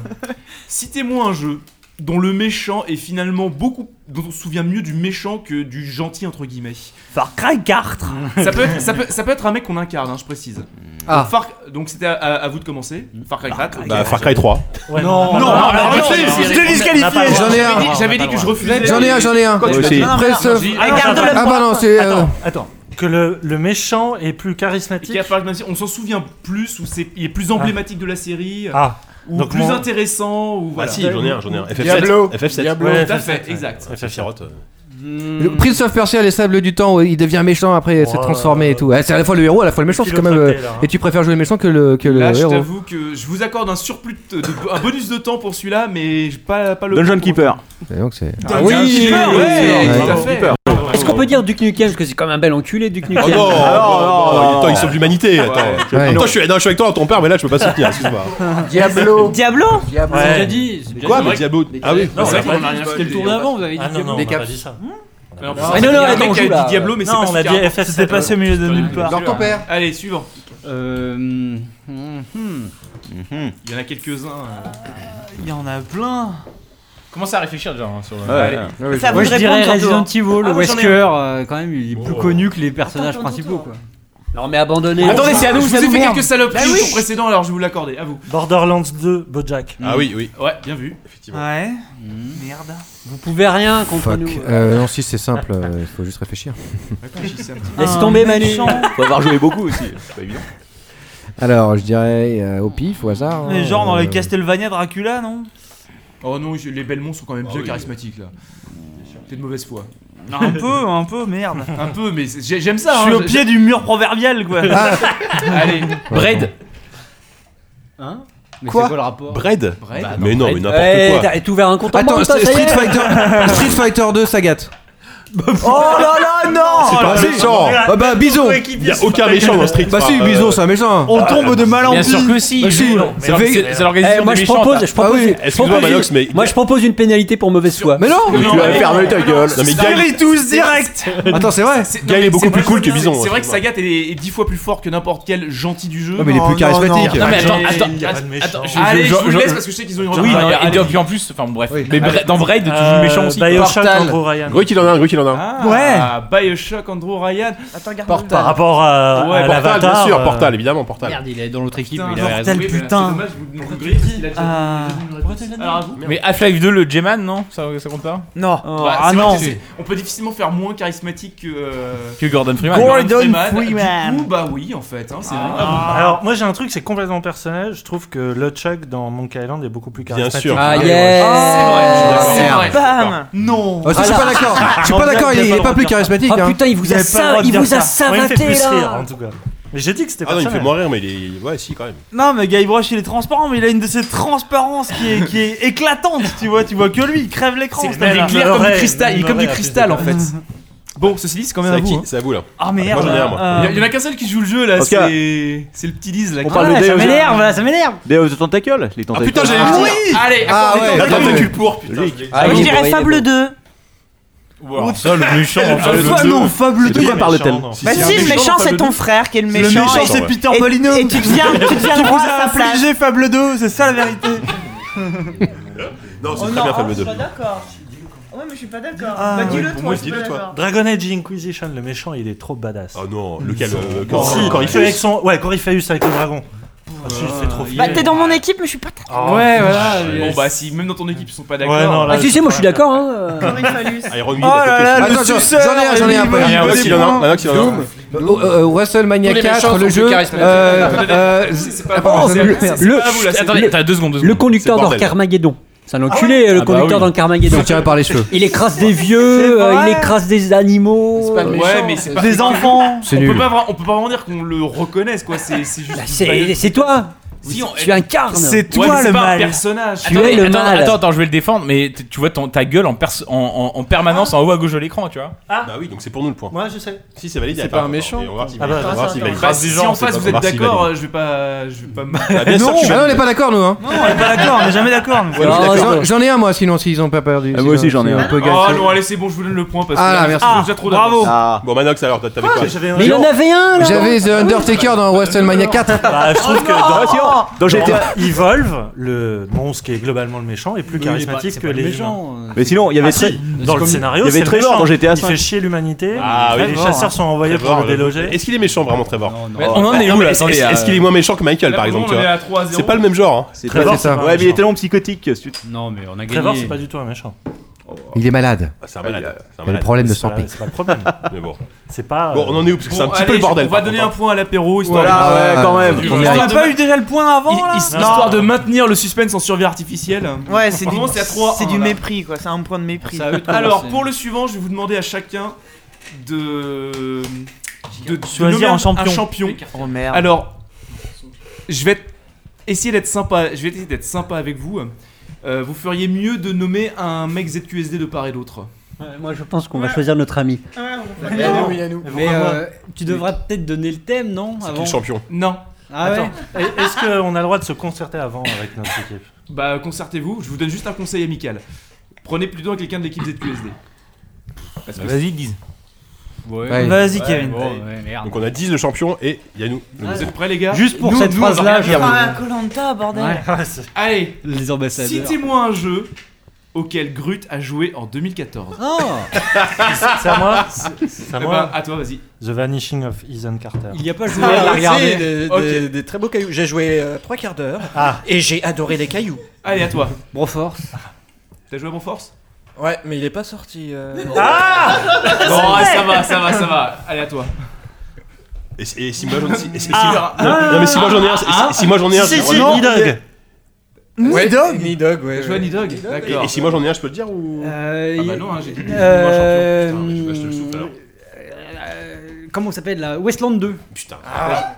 Speaker 10: Citez-moi un jeu dont le méchant est finalement beaucoup. dont on se souvient mieux du méchant que du gentil, entre guillemets.
Speaker 12: Far Cry 4
Speaker 10: Ça peut être, ça peut, ça peut être un mec qu'on incarne, hein, je précise.
Speaker 5: Ah.
Speaker 10: Donc, Far- donc c'était à, à- à vous de commencer. Far Cry 4.
Speaker 2: Bah, Far Cry 3.
Speaker 8: Ouais,
Speaker 10: Non, non, alors,
Speaker 12: je
Speaker 10: non,
Speaker 12: suis-
Speaker 10: non,
Speaker 12: je
Speaker 10: non,
Speaker 12: suis
Speaker 10: non,
Speaker 12: disqualifié.
Speaker 10: non,
Speaker 5: J'en ai
Speaker 10: j'avais
Speaker 5: un.
Speaker 10: dit-
Speaker 8: On a pas
Speaker 10: J'avais dit
Speaker 8: le
Speaker 10: que je
Speaker 8: droit.
Speaker 10: refusais.
Speaker 5: J'en ai un, j'en ai un.
Speaker 10: Quand
Speaker 11: Moi
Speaker 10: tu l'as
Speaker 11: aussi.
Speaker 10: dit-
Speaker 11: Non,
Speaker 5: Presse.
Speaker 12: Regarde le
Speaker 5: Ah bah non, c'est. euh,
Speaker 8: Attends, que le, le méchant est plus charismatique.
Speaker 10: Qui a Far Cry 4, on s'en souvient plus, ou c'est, il est plus emblématique de la série, euh,
Speaker 8: Ah,
Speaker 10: ou
Speaker 8: donc
Speaker 10: plus
Speaker 8: mon-
Speaker 10: intéressant, ou
Speaker 2: Ah
Speaker 10: voilà.
Speaker 2: si, j'en ai un, j'en ai un. FF7.
Speaker 11: Diablo.
Speaker 2: FF7.
Speaker 11: Diablo.
Speaker 8: Ouais,
Speaker 10: Tout à
Speaker 8: FF7,
Speaker 10: fait,
Speaker 8: ouais.
Speaker 10: exact.
Speaker 2: FF7. Firotte, euh.
Speaker 10: Hmm.
Speaker 5: Le Prince of Persia, les sables du temps, où il devient méchant après, il s'est
Speaker 8: Ouais,
Speaker 5: transformé et tout. Ouais, c'est à la fois le héros, à la fois le méchant, c'est quand même.
Speaker 8: pilote
Speaker 5: euh,
Speaker 8: raté, là, hein.
Speaker 5: Et tu préfères jouer le méchant que le, que le
Speaker 10: Là, je
Speaker 5: héros.
Speaker 10: t'avoue que je vous accorde un surplus, de, de- un bonus de temps pour celui-là, mais j'ai pas, pas le.
Speaker 11: Dungeon Keeper.
Speaker 5: Et Bah, donc c'est-
Speaker 10: Ah oui,
Speaker 11: Keeper,
Speaker 10: ouais,
Speaker 11: ouais,
Speaker 10: tout à
Speaker 11: Dungeon
Speaker 10: fait.
Speaker 11: Keeper.
Speaker 4: Est-ce qu'on peut dire Duke Nukem Parce que c'est quand même un bel enculé, Duke Nukem. Ah
Speaker 2: Oh
Speaker 8: Ah
Speaker 2: non, non, non, attends, il sauve l'humanité. Attends,
Speaker 4: Ouais.
Speaker 2: Attends, je, suis, non, je suis avec toi, ton père, mais là, je peux pas soutenir. Excuse-moi.
Speaker 6: Diablo. Ah, Diablo
Speaker 2: Diablo.
Speaker 6: Ouais.
Speaker 2: C'est déjà dit, c'est déjà Quoi, dit. mais Diablo- Ah oui.
Speaker 8: Non,
Speaker 2: Non,
Speaker 8: c'est
Speaker 2: on a
Speaker 8: pas
Speaker 2: rien
Speaker 8: dit.
Speaker 2: fait. C'était le
Speaker 8: tour
Speaker 2: d'avant, vous avez dit
Speaker 8: ah, non, non,
Speaker 2: Diablo.
Speaker 8: on a pas dit ça.
Speaker 13: Hmm
Speaker 2: Mais non, non,
Speaker 8: Il y a un mec
Speaker 2: attends,
Speaker 8: qui
Speaker 2: on
Speaker 8: a
Speaker 2: joue, là.
Speaker 8: dit Diablo, mais c'est
Speaker 12: Non,
Speaker 8: pas
Speaker 12: on a
Speaker 8: Skyrim.
Speaker 12: dit FF, c'était passé au milieu de nulle part. Dans ton père.
Speaker 10: Allez, suivant.
Speaker 13: Euh, hum,
Speaker 10: hmm,
Speaker 13: hum, hum.
Speaker 10: Il y en a quelques-uns. euh.
Speaker 12: Il y en a plein.
Speaker 7: Commencez à réfléchir déjà hein, sur le.
Speaker 10: Ouais,
Speaker 7: Allez.
Speaker 11: Ah
Speaker 10: ouais.
Speaker 13: Moi, Ah je dirais
Speaker 10: hein.
Speaker 13: Resident Evil,
Speaker 7: Ah, j'en ai
Speaker 13: Wesker,
Speaker 7: un.
Speaker 13: euh, quand même, il est
Speaker 8: Oh.
Speaker 13: plus connu que les personnages principaux. Quoi.
Speaker 4: Non, mais abandonné.
Speaker 10: Attendez, c'est à nous,
Speaker 13: Je
Speaker 10: vous
Speaker 13: vous
Speaker 10: avez
Speaker 13: ai
Speaker 10: fait
Speaker 13: merde.
Speaker 10: quelques saloperies
Speaker 13: Bah
Speaker 10: au
Speaker 13: oui.
Speaker 10: cours précédent, alors je vous l'accordais, à vous.
Speaker 8: Borderlands 2, Bojack.
Speaker 10: Ah oui, oui. Ouais, bien vu.
Speaker 8: Effectivement.
Speaker 12: Ouais.
Speaker 13: Hmm.
Speaker 12: Merde.
Speaker 4: Vous pouvez rien contre
Speaker 5: Fuck.
Speaker 4: nous.
Speaker 5: Euh, non, si c'est simple, il faut juste réfléchir.
Speaker 4: Laisse tomber, Manu.
Speaker 11: Faut avoir joué beaucoup aussi, c'est pas évident.
Speaker 5: Alors, je dirais euh, au pif, au hasard.
Speaker 12: Mais
Speaker 5: hein,
Speaker 12: genre dans
Speaker 5: euh,
Speaker 12: les Castlevania Dracula, non
Speaker 10: Oh non, je- les Belmont sont quand même
Speaker 12: Ah
Speaker 10: bien
Speaker 12: oui.
Speaker 10: charismatiques là. T'es de mauvaise foi.
Speaker 12: Un peu, un peu, merde.
Speaker 10: Un peu, mais c'est- j'ai- j'aime ça.
Speaker 12: Je suis
Speaker 10: hein,
Speaker 12: au
Speaker 10: j'ai-
Speaker 12: pied
Speaker 10: j'ai-
Speaker 12: du mur proverbial, quoi.
Speaker 10: Ah. Allez, Bread.
Speaker 13: Hein
Speaker 10: Mais
Speaker 5: Quoi
Speaker 10: c'est quoi le rapport
Speaker 2: Bread
Speaker 10: Bread
Speaker 2: Bah, Mais non, mais n'importe
Speaker 4: Eh,
Speaker 2: quoi.
Speaker 4: t'as- t'as ouvert un compte en
Speaker 5: Attends,
Speaker 4: banque, toi,
Speaker 5: c'est
Speaker 4: ça y
Speaker 5: Street
Speaker 4: est.
Speaker 5: Fighter, Street Fighter 2, Sagat.
Speaker 12: Oh là là,
Speaker 2: Ah
Speaker 12: non
Speaker 5: C'est pas
Speaker 12: Oh là
Speaker 5: un
Speaker 12: là,
Speaker 5: méchant.
Speaker 12: là là.
Speaker 5: Ah bah, Bison.
Speaker 12: Équipe,
Speaker 5: Il y a aucun méchant dans Street Bah si,
Speaker 2: Fighter.
Speaker 5: Bison, c'est un méchant.
Speaker 4: Ah,
Speaker 12: On tombe de mal en
Speaker 5: Bien
Speaker 12: pis.
Speaker 5: sûr que si.
Speaker 12: Bah si.
Speaker 5: Non,
Speaker 4: C'est l'orga- c'est l'organisation
Speaker 12: Eh,
Speaker 4: du méchant, t'as- Ah oui. Excuse-moi, Manox, mais- Moi, je propose une pénalité pour mauvaise foi.
Speaker 5: Mais non
Speaker 2: Mais tu vas fermer ta gueule.
Speaker 4: Non, mais Gaël-
Speaker 10: tous direct
Speaker 5: Attends, c'est vrai
Speaker 10: non,
Speaker 2: Gaël
Speaker 10: mais
Speaker 2: est beaucoup
Speaker 10: c'est
Speaker 2: plus
Speaker 10: vrai,
Speaker 2: cool que
Speaker 10: c'est-
Speaker 2: Bison,
Speaker 10: C'est
Speaker 2: hein,
Speaker 10: vrai que
Speaker 2: faut
Speaker 10: Sagat est, est dix fois plus fort que n'importe quel gentil du jeu.
Speaker 5: Non, mais il est plus charismatique.
Speaker 10: Non, mais
Speaker 7: Il y a
Speaker 10: attends,
Speaker 7: pas de
Speaker 10: attends,
Speaker 7: gentil,
Speaker 10: attends,
Speaker 7: il y a pas de
Speaker 10: attends,
Speaker 7: méchant.
Speaker 10: je- Allez, je
Speaker 7: Je-
Speaker 10: vous
Speaker 7: je-
Speaker 10: laisse parce que je sais qu'ils ont une
Speaker 7: Oui,
Speaker 10: remarque.
Speaker 7: non,
Speaker 10: Allez,
Speaker 7: et
Speaker 10: allez.
Speaker 7: donc, puis en plus, enfin bon, bref. Mais
Speaker 10: Euh,
Speaker 7: Bre- dans Braid, tu joues le méchant aussi.
Speaker 8: Bioshock, Andrew Ryan.
Speaker 2: Gru qu'il en a un, Gru qu'il en a un.
Speaker 10: Ah, Bioshock, Andrew Ryan.
Speaker 6: Attends, regarde.
Speaker 10: Portal.
Speaker 8: Par rapport à,
Speaker 10: Ouais,
Speaker 8: à
Speaker 10: Portal,
Speaker 8: l'Avatar.
Speaker 2: bien sûr,
Speaker 8: euh,
Speaker 2: Portal, évidemment, Portal.
Speaker 13: Merde, il est dans l'autre équipe,
Speaker 10: Putain,
Speaker 13: il avait raison.
Speaker 10: Portal,
Speaker 13: Oui, mais-
Speaker 10: putain.
Speaker 13: c'est dommage,
Speaker 10: vous- vous grillez, il a déjà-
Speaker 12: Ah.
Speaker 10: Alors, à vous.
Speaker 7: Mais Half-Life 2, le J-Man, non ça, ça compte pas
Speaker 12: Non.
Speaker 7: Ouais,
Speaker 10: Bah,
Speaker 7: c'est
Speaker 10: c'est
Speaker 7: vrai
Speaker 10: vrai
Speaker 7: que
Speaker 10: que
Speaker 7: c'est-
Speaker 10: c'est- On peut difficilement faire moins charismatique que. euh,
Speaker 7: Que Gordon Freeman.
Speaker 10: Gordon
Speaker 7: Gordon
Speaker 10: Freeman.
Speaker 7: Freeman.
Speaker 10: Du coup, bah oui, en fait. hein, c'est vrai.
Speaker 8: Ah. Alors moi j'ai un truc c'est complètement personnel, je trouve que le Chuck dans Monkey Island est beaucoup plus charismatique.
Speaker 2: sûr.
Speaker 12: Ah,
Speaker 8: Ouais,
Speaker 12: yes.
Speaker 8: ouais.
Speaker 12: C'est
Speaker 8: Euh, C'est vrai.
Speaker 12: vrai. Bam Non.
Speaker 5: Ah, Oh, si, je suis pas d'accord. Je suis pas d'accord, il il est pas plus charismatique. hein.
Speaker 8: Moi, il me fait plus rire, en tout cas. Mais j'ai dit que c'était
Speaker 2: Ah non, il me fait
Speaker 8: personnel.
Speaker 2: moins rire, mais il est. Ouais, si, quand même.
Speaker 12: Non, mais Guybrush il est transparent, mais il a une de ces transparences qui est, qui est éclatante, tu vois, tu vois que lui, il crève l'écran.
Speaker 10: C'est-
Speaker 12: cet
Speaker 10: mais il est
Speaker 12: homme-là.
Speaker 10: clair comme du cristal, il est comme du cristal en fait. Bon, ceci dit, c'est quand même
Speaker 2: C'est
Speaker 10: à
Speaker 2: à qui
Speaker 10: vous. Euh,
Speaker 2: C'est à vous, là.
Speaker 12: Ah merde.
Speaker 2: Moi, j'en ai un, moi.
Speaker 10: Il y, en a qu'un seul qui joue le jeu là,
Speaker 11: En tout cas,
Speaker 10: c'est c'est le petit Liz là.
Speaker 11: on
Speaker 10: qui-
Speaker 11: parle
Speaker 10: Ah,
Speaker 11: de
Speaker 10: ça
Speaker 11: Deus.
Speaker 10: m'énerve.
Speaker 9: Merde, ça m'énerve
Speaker 11: Des tentacules Les tentacules.
Speaker 10: putain, j'allais le dire. Allez,
Speaker 11: Ah
Speaker 10: accorde
Speaker 11: ouais,
Speaker 10: les
Speaker 11: la
Speaker 10: tentacules.
Speaker 11: tentacule
Speaker 2: pour, putain.
Speaker 11: Ah,
Speaker 6: je
Speaker 11: oui,
Speaker 6: dirais
Speaker 11: oui,
Speaker 6: Fable
Speaker 11: oui.
Speaker 6: 2.
Speaker 7: Ou alors ça, le méchant.
Speaker 11: Ah,
Speaker 7: enfin, le
Speaker 11: Fable
Speaker 7: deux.
Speaker 11: non, Fable
Speaker 7: C'est
Speaker 11: deux.
Speaker 7: qui
Speaker 11: Quoi
Speaker 7: le
Speaker 11: parle-t-elle
Speaker 7: méchant, non
Speaker 11: Si,
Speaker 6: Bah
Speaker 11: si,
Speaker 6: si,
Speaker 11: un
Speaker 6: le
Speaker 11: méchant
Speaker 6: méchant,
Speaker 11: dans
Speaker 6: c'est
Speaker 11: Fable
Speaker 6: ton
Speaker 11: deux.
Speaker 6: frère qui est le
Speaker 11: Le
Speaker 6: méchant.
Speaker 11: méchant,
Speaker 6: et-
Speaker 11: c'est Peter
Speaker 6: et-
Speaker 11: Molyneux.
Speaker 6: Et tu viens, tu
Speaker 12: Qui vous
Speaker 6: viendras à
Speaker 12: a
Speaker 6: sa place.
Speaker 12: infligé Fable 2, c'est ça la vérité.
Speaker 2: Non, c'est
Speaker 12: Oh
Speaker 2: très
Speaker 12: non,
Speaker 2: bien,
Speaker 12: ah,
Speaker 2: Fable
Speaker 12: je suis
Speaker 2: 2.
Speaker 12: pas
Speaker 6: d'accord. Ouais, mais je suis pas d'accord.
Speaker 12: Ah,
Speaker 6: bah,
Speaker 12: ouais,
Speaker 6: dis-le,
Speaker 12: pour
Speaker 6: toi.
Speaker 12: moi,
Speaker 6: je suis
Speaker 12: dis-le,
Speaker 6: pas
Speaker 12: toi.
Speaker 6: d'accord.
Speaker 8: Dragon Age Inquisition, le méchant, il est trop badass. Mmh. Oh,
Speaker 2: Ah non, lequel, euh,
Speaker 8: Quand,
Speaker 2: quand- quand il fait-
Speaker 8: avec son... Ouais, Corypheus avec le dragon. Ah, si, il fait trop
Speaker 6: Bah,
Speaker 8: fier.
Speaker 6: t'es dans mon équipe, mais je suis pas d'accord.
Speaker 8: Oh,
Speaker 10: Ouais,
Speaker 2: Ah,
Speaker 8: voilà,
Speaker 10: Bon
Speaker 8: yes.
Speaker 10: bah si même dans ton équipe ils sont pas
Speaker 8: Ouais, non,
Speaker 10: d'accord.
Speaker 8: là, Ah, si, je si,
Speaker 4: moi, je suis d'accord, hein.
Speaker 2: Iron Man,
Speaker 10: Oh là
Speaker 2: à côté.
Speaker 10: là,
Speaker 2: Ah,
Speaker 10: le
Speaker 2: attends, j'en-
Speaker 10: suceur,
Speaker 2: j'en ai un, j'en ai un.
Speaker 10: Emily
Speaker 2: Manox,
Speaker 10: Manox,
Speaker 2: il en a un,
Speaker 10: Doom.
Speaker 2: Manox, il en a un.
Speaker 5: Oh, euh, WrestleMania
Speaker 10: Tous les
Speaker 5: 4,
Speaker 10: méchants
Speaker 5: le
Speaker 10: sont
Speaker 5: jeu.
Speaker 10: plus charismatiques.
Speaker 5: euh,
Speaker 10: Attendez,
Speaker 5: euh,
Speaker 10: c'est- c'est pas
Speaker 5: ah,
Speaker 10: bon,
Speaker 5: pardon,
Speaker 10: c'est-
Speaker 5: merde.
Speaker 10: c'est- c'est pas à vous, là, c'est-
Speaker 4: le-
Speaker 7: t'as deux secondes, deux
Speaker 4: Le conducteur
Speaker 7: C'est le
Speaker 4: dans
Speaker 7: bordel.
Speaker 4: Carmageddon. C'est un enculé, le
Speaker 7: Ah bah
Speaker 4: conducteur
Speaker 7: oui.
Speaker 4: dans le Carmageddon.
Speaker 5: Il est tiré par les cheveux.
Speaker 4: Il écrase des vieux, euh, il écrase des animaux.
Speaker 10: C'est pas le
Speaker 4: euh,
Speaker 10: méchant,
Speaker 4: ouais,
Speaker 10: mais c'est pas-
Speaker 12: Des enfants.
Speaker 5: C'est
Speaker 10: on
Speaker 5: nul.
Speaker 10: Peut pas, vra- on peut pas vraiment dire qu'on le reconnaisse quoi, c'est c'est juste.
Speaker 4: C'est c'est toi
Speaker 10: Si, on-
Speaker 4: Tu incarnes
Speaker 10: Ouais, mais c'est pas un personnage.
Speaker 4: Tu
Speaker 7: Attends,
Speaker 4: es le
Speaker 7: attends,
Speaker 4: mal.
Speaker 7: Attends, attends, je vais le défendre, mais t- tu vois ton- ta gueule en, perso- en, en- en permanence en haut à gauche de l'écran, tu vois.
Speaker 8: Ah.
Speaker 2: Bah oui, donc c'est pour nous le point.
Speaker 8: Moi, je sais.
Speaker 2: Si, c'est validé.
Speaker 8: C'est pas
Speaker 2: attends,
Speaker 8: un
Speaker 2: attends,
Speaker 8: méchant.
Speaker 2: et On va voir s'il
Speaker 8: Ah
Speaker 2: valide.
Speaker 8: bah,
Speaker 2: On va voir s'il valide.
Speaker 10: Bah, si en face
Speaker 2: On
Speaker 10: vous
Speaker 2: va
Speaker 10: êtes
Speaker 2: voir s'il
Speaker 10: d'accord,
Speaker 2: valide.
Speaker 10: euh, je vais pas, je vais pas.
Speaker 2: Ah, bien sûr que je suis
Speaker 5: Ah non, on n'est pas d'accord, nous. Hein.
Speaker 12: Non, on est pas d'accord, on est
Speaker 10: Ah,
Speaker 12: jamais d'accord. nous.
Speaker 5: Ouais, mais j'en- J'en ai un, moi, sinon, s'ils ont pas perdu.
Speaker 11: Ah, moi aussi, j'en ai un.
Speaker 5: peu
Speaker 10: Oh
Speaker 5: gâché.
Speaker 10: non, allez, c'est bon, je vous donne le point parce que
Speaker 5: Ah,
Speaker 10: là,
Speaker 5: là,
Speaker 10: j'ai
Speaker 5: merci.
Speaker 10: déjà trop d'avance.
Speaker 11: Ah.
Speaker 2: Bon, Manox, alors, t'as- t'avais quoi
Speaker 4: Mais il en avait un là
Speaker 5: J'avais euh, The Undertaker dans WrestleMania 4.
Speaker 8: Bah, je trouve
Speaker 12: Oh,
Speaker 8: que
Speaker 11: Ah,
Speaker 8: dans,
Speaker 11: tiens, dans GTA.
Speaker 8: Evolve, le monstre qui est globalement le méchant est
Speaker 13: il
Speaker 8: plus
Speaker 13: est pas-
Speaker 8: charismatique
Speaker 13: c'est
Speaker 8: que
Speaker 13: pas le
Speaker 8: les
Speaker 13: méchant,
Speaker 8: humains.
Speaker 13: euh,
Speaker 11: Mais sinon, il y avait
Speaker 8: Ah, si,
Speaker 11: très.
Speaker 8: dans
Speaker 11: c'est
Speaker 8: le
Speaker 11: comme-
Speaker 8: scénario,
Speaker 11: Il y avait
Speaker 8: c'est le
Speaker 11: Trevor
Speaker 8: méchant.
Speaker 11: dans GTA
Speaker 8: Il fait
Speaker 11: 5.
Speaker 8: chier l'humanité.
Speaker 2: Ah oui,
Speaker 8: les
Speaker 2: Trevor,
Speaker 8: chasseurs sont envoyés pour
Speaker 2: Trevor,
Speaker 8: le
Speaker 2: le-
Speaker 8: déloger.
Speaker 2: Est-ce qu'il est méchant vraiment Trevor
Speaker 7: Mais on en est où là
Speaker 2: Est-ce
Speaker 7: Attendez,
Speaker 2: est-ce
Speaker 7: euh,
Speaker 2: qu'il est moins méchant que Michael
Speaker 10: Là,
Speaker 2: par
Speaker 10: pour le
Speaker 2: exemple
Speaker 10: moment,
Speaker 2: tu
Speaker 10: on est
Speaker 2: vois
Speaker 10: à 3
Speaker 2: C'est pas le même genre. hein.
Speaker 11: C'est
Speaker 8: Trevor,
Speaker 11: pas-
Speaker 8: c'est pas un
Speaker 11: Ouais, mais il
Speaker 8: méchant.
Speaker 11: était long psychotique. c'est-
Speaker 13: Non, mais on a
Speaker 8: Trevor, c'est
Speaker 13: gagné.
Speaker 8: pas du tout un méchant.
Speaker 5: Il est malade.
Speaker 2: Ah, C'est un malade. c'est
Speaker 5: Il
Speaker 2: un
Speaker 5: a le
Speaker 2: malade.
Speaker 5: problème de
Speaker 8: C'est pas,
Speaker 5: Sampé.
Speaker 8: c'est pas le problème.
Speaker 2: Mais bon.
Speaker 8: C'est pas.
Speaker 2: Bon, on en est où Parce que c'est un
Speaker 10: Bon,
Speaker 2: petit peu
Speaker 10: allez,
Speaker 2: le bordel.
Speaker 10: On va
Speaker 2: par
Speaker 10: donner
Speaker 2: contre,
Speaker 10: un
Speaker 2: hein.
Speaker 10: point à l'apéro, histoire
Speaker 11: Voilà,
Speaker 10: de-
Speaker 11: ouais, quand même.
Speaker 10: Histoire
Speaker 11: On
Speaker 10: de-
Speaker 12: On
Speaker 11: mérite.
Speaker 12: a pas eu déjà le point avant là
Speaker 10: Hi- Histoire de maintenir le suspense en survie artificielle.
Speaker 6: Ouais, c'est
Speaker 10: En
Speaker 6: du,
Speaker 10: ce moment, c'est à hein, 3
Speaker 6: c'est du mépris, quoi. C'est un point de mépris.
Speaker 13: C'est à eux de
Speaker 10: Alors,
Speaker 13: commencer.
Speaker 10: pour le suivant, je vais vous demander à chacun de. de, de
Speaker 12: Choisir un
Speaker 10: nommer
Speaker 12: champion.
Speaker 6: Oh merde.
Speaker 10: Alors, je vais être- essayer d'être sympa. Je vais essayer d'être sympa avec vous. Euh, vous feriez mieux de nommer un mec ZQSD de part et d'autre.
Speaker 4: Moi, je pense qu'on va choisir notre ami.
Speaker 10: Ah,
Speaker 9: Mais
Speaker 13: Non.
Speaker 9: non, il est à nous.
Speaker 13: Mais
Speaker 9: Avant
Speaker 13: euh,
Speaker 9: moi.
Speaker 13: tu devras peut-être donner le thème, non
Speaker 9: C'est qui
Speaker 13: avant
Speaker 9: le champion
Speaker 13: Non. Ah ouais
Speaker 8: Attends, et- est-ce qu'on a le droit de se concerter avant avec notre équipe
Speaker 10: Bah, concertez-vous, je vous donne juste un conseil amical. Prenez plutôt quelqu'un de l'équipe ZQSD. Parce
Speaker 8: Bah,
Speaker 10: que-
Speaker 2: Vas-y, Guise.
Speaker 10: Ouais.
Speaker 2: Vas-y,
Speaker 10: Ouais,
Speaker 2: Kevin.
Speaker 10: bon, ouais, merde.
Speaker 2: Donc on a 10 le champion et Yannou.
Speaker 10: Vous êtes prêts, les gars
Speaker 6: Nous- nous, on va regarder. Ah,
Speaker 10: regarde.
Speaker 6: Colanta, bordel.
Speaker 10: Ah, Allez,
Speaker 13: les ambassadeurs.
Speaker 10: Citez-moi un jeu auquel Grut a joué en 2014.
Speaker 13: Oh
Speaker 8: C'est à moi C'est- C'est
Speaker 10: Eh
Speaker 8: à
Speaker 10: ben,
Speaker 8: moi
Speaker 10: à toi, vas-y.
Speaker 8: The Vanishing of Ethan Carter.
Speaker 10: Il y a pas
Speaker 8: joué
Speaker 10: joué à Ah, la
Speaker 8: regarder
Speaker 10: regarder.
Speaker 20: des,
Speaker 10: Ok.
Speaker 20: des- des très beaux cailloux. J'ai joué euh, trois quarts d'heure
Speaker 8: Ah.
Speaker 20: et j'ai adoré les cailloux.
Speaker 10: Allez, à toi.
Speaker 20: Broforce.
Speaker 10: T'as joué à Bon Force
Speaker 20: Ouais, mais il est pas sorti. euh.
Speaker 10: Ah Bon, ah, ça va, ça va, ça va. Allez, à toi.
Speaker 2: Et, si- et si moi j'en ai si- si-
Speaker 10: Ah.
Speaker 2: non,
Speaker 10: Ah.
Speaker 2: non, mais si moi j'en ai un, si-
Speaker 10: Ah.
Speaker 2: si moi j'en ai un,
Speaker 10: Si,
Speaker 2: je-
Speaker 10: si,
Speaker 2: non,
Speaker 10: Nidog.
Speaker 2: mais-
Speaker 20: Ouais, Nidog Nidog, ouais.
Speaker 10: Joanny Dog,
Speaker 2: Et,
Speaker 10: d'accord.
Speaker 2: et si moi j'en ai un, je peux le dire ou
Speaker 10: Ah bah non, hein, j'ai dit
Speaker 2: dis-moi
Speaker 13: Euh,
Speaker 2: je te le souffle alors.
Speaker 13: euh, Comment ça s'appelle là Ah Westland 2.
Speaker 2: Putain.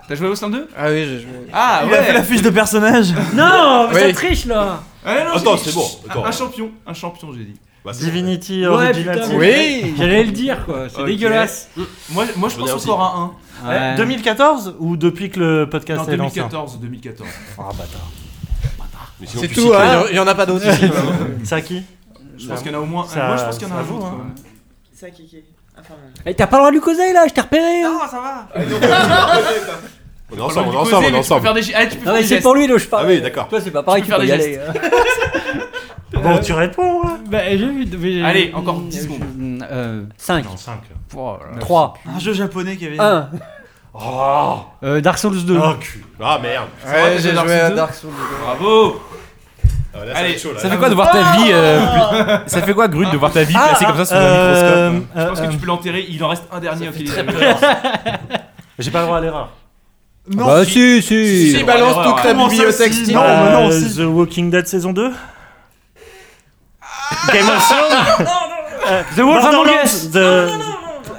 Speaker 10: T'as joué à Westland 2
Speaker 20: Ah oui, j'ai joué.
Speaker 10: Ah
Speaker 12: Il
Speaker 10: ouais.
Speaker 12: a fait la fiche de personnage.
Speaker 13: Non, mais
Speaker 12: Oui.
Speaker 13: ça triche là.
Speaker 10: Ah, non,
Speaker 12: Attends,
Speaker 10: j'ai dit-
Speaker 12: c'est bon,
Speaker 10: Chut,
Speaker 12: attends.
Speaker 10: Un champion, un champion, j'ai dit.
Speaker 8: Divinity
Speaker 13: Ouais,
Speaker 8: Original
Speaker 13: putain,
Speaker 8: Sin.
Speaker 13: oui. J'allais le dire, quoi, c'est dégueulasse.
Speaker 10: Euh, Moi, moi je pense
Speaker 8: Bonheur
Speaker 10: encore à un.
Speaker 8: Ouais. 2014 ou depuis que le podcast
Speaker 10: Non,
Speaker 8: est lancé
Speaker 10: 2014, 2014.
Speaker 8: Ah bâtard.
Speaker 10: Mais
Speaker 8: sinon, C'est tu tout, cites hein, pas. y en- y en a pas d'autres. C'est à qui
Speaker 10: Je pense qu'il y en a au moins.
Speaker 8: Ça-
Speaker 10: moi, je pense qu'il y en a
Speaker 8: ça
Speaker 10: un
Speaker 8: vaut,
Speaker 10: autre.
Speaker 8: hein.
Speaker 10: quand même.
Speaker 6: Ça, Kiki. Enfin, bon.
Speaker 4: Eh, T'as pas le droit de lui causer là, je t'ai repéré. hein. Non,
Speaker 6: ça va.
Speaker 2: On est ensemble, on est ensemble, on est ensemble.
Speaker 4: Non, mais c'est pour lui, là, je parle.
Speaker 2: Ah oui, d'accord.
Speaker 4: Toi, c'est pas pareil, tu peux y aller.
Speaker 8: Bon, tu réponds.
Speaker 13: Bah, j'ai vu. mais-
Speaker 10: Allez, encore
Speaker 13: Mm,
Speaker 10: 10
Speaker 13: je-
Speaker 10: secondes.
Speaker 13: Euh, Oh,
Speaker 4: 5.
Speaker 8: Non, 5.
Speaker 4: 3.
Speaker 12: Un jeu japonais, Kevin.
Speaker 4: Un.
Speaker 8: Oh
Speaker 13: Euh, Dark Souls 2.
Speaker 8: Oh, cul.
Speaker 2: Ah merde.
Speaker 12: Ouais, j'ai joué à
Speaker 2: 2.
Speaker 12: Dark Souls
Speaker 10: Bravo.
Speaker 2: Ah, là, ça va
Speaker 10: Allez,
Speaker 2: être chaud, là.
Speaker 18: Ça fait quoi de voir ta vie
Speaker 20: Ah
Speaker 18: euh, Ça fait quoi, Grut, de voir ta vie placée comme ça sous
Speaker 20: euh,
Speaker 18: un microscope
Speaker 10: Je pense que tu peux l'enterrer. Il en reste un dernier. au fil des années.
Speaker 8: J'ai pas le droit à l'erreur.
Speaker 10: Non, Bah, si. si, si. Si, balance toute ta
Speaker 8: Comment ça,
Speaker 10: bibliothèque,
Speaker 8: si
Speaker 10: Steve.
Speaker 8: bah, Non,
Speaker 10: Euh,
Speaker 8: mais non, si. Bah, The Walking Dead saison 2 Game of Thrones Euh, The Wolf
Speaker 12: Brotherlands,
Speaker 8: Among Us The-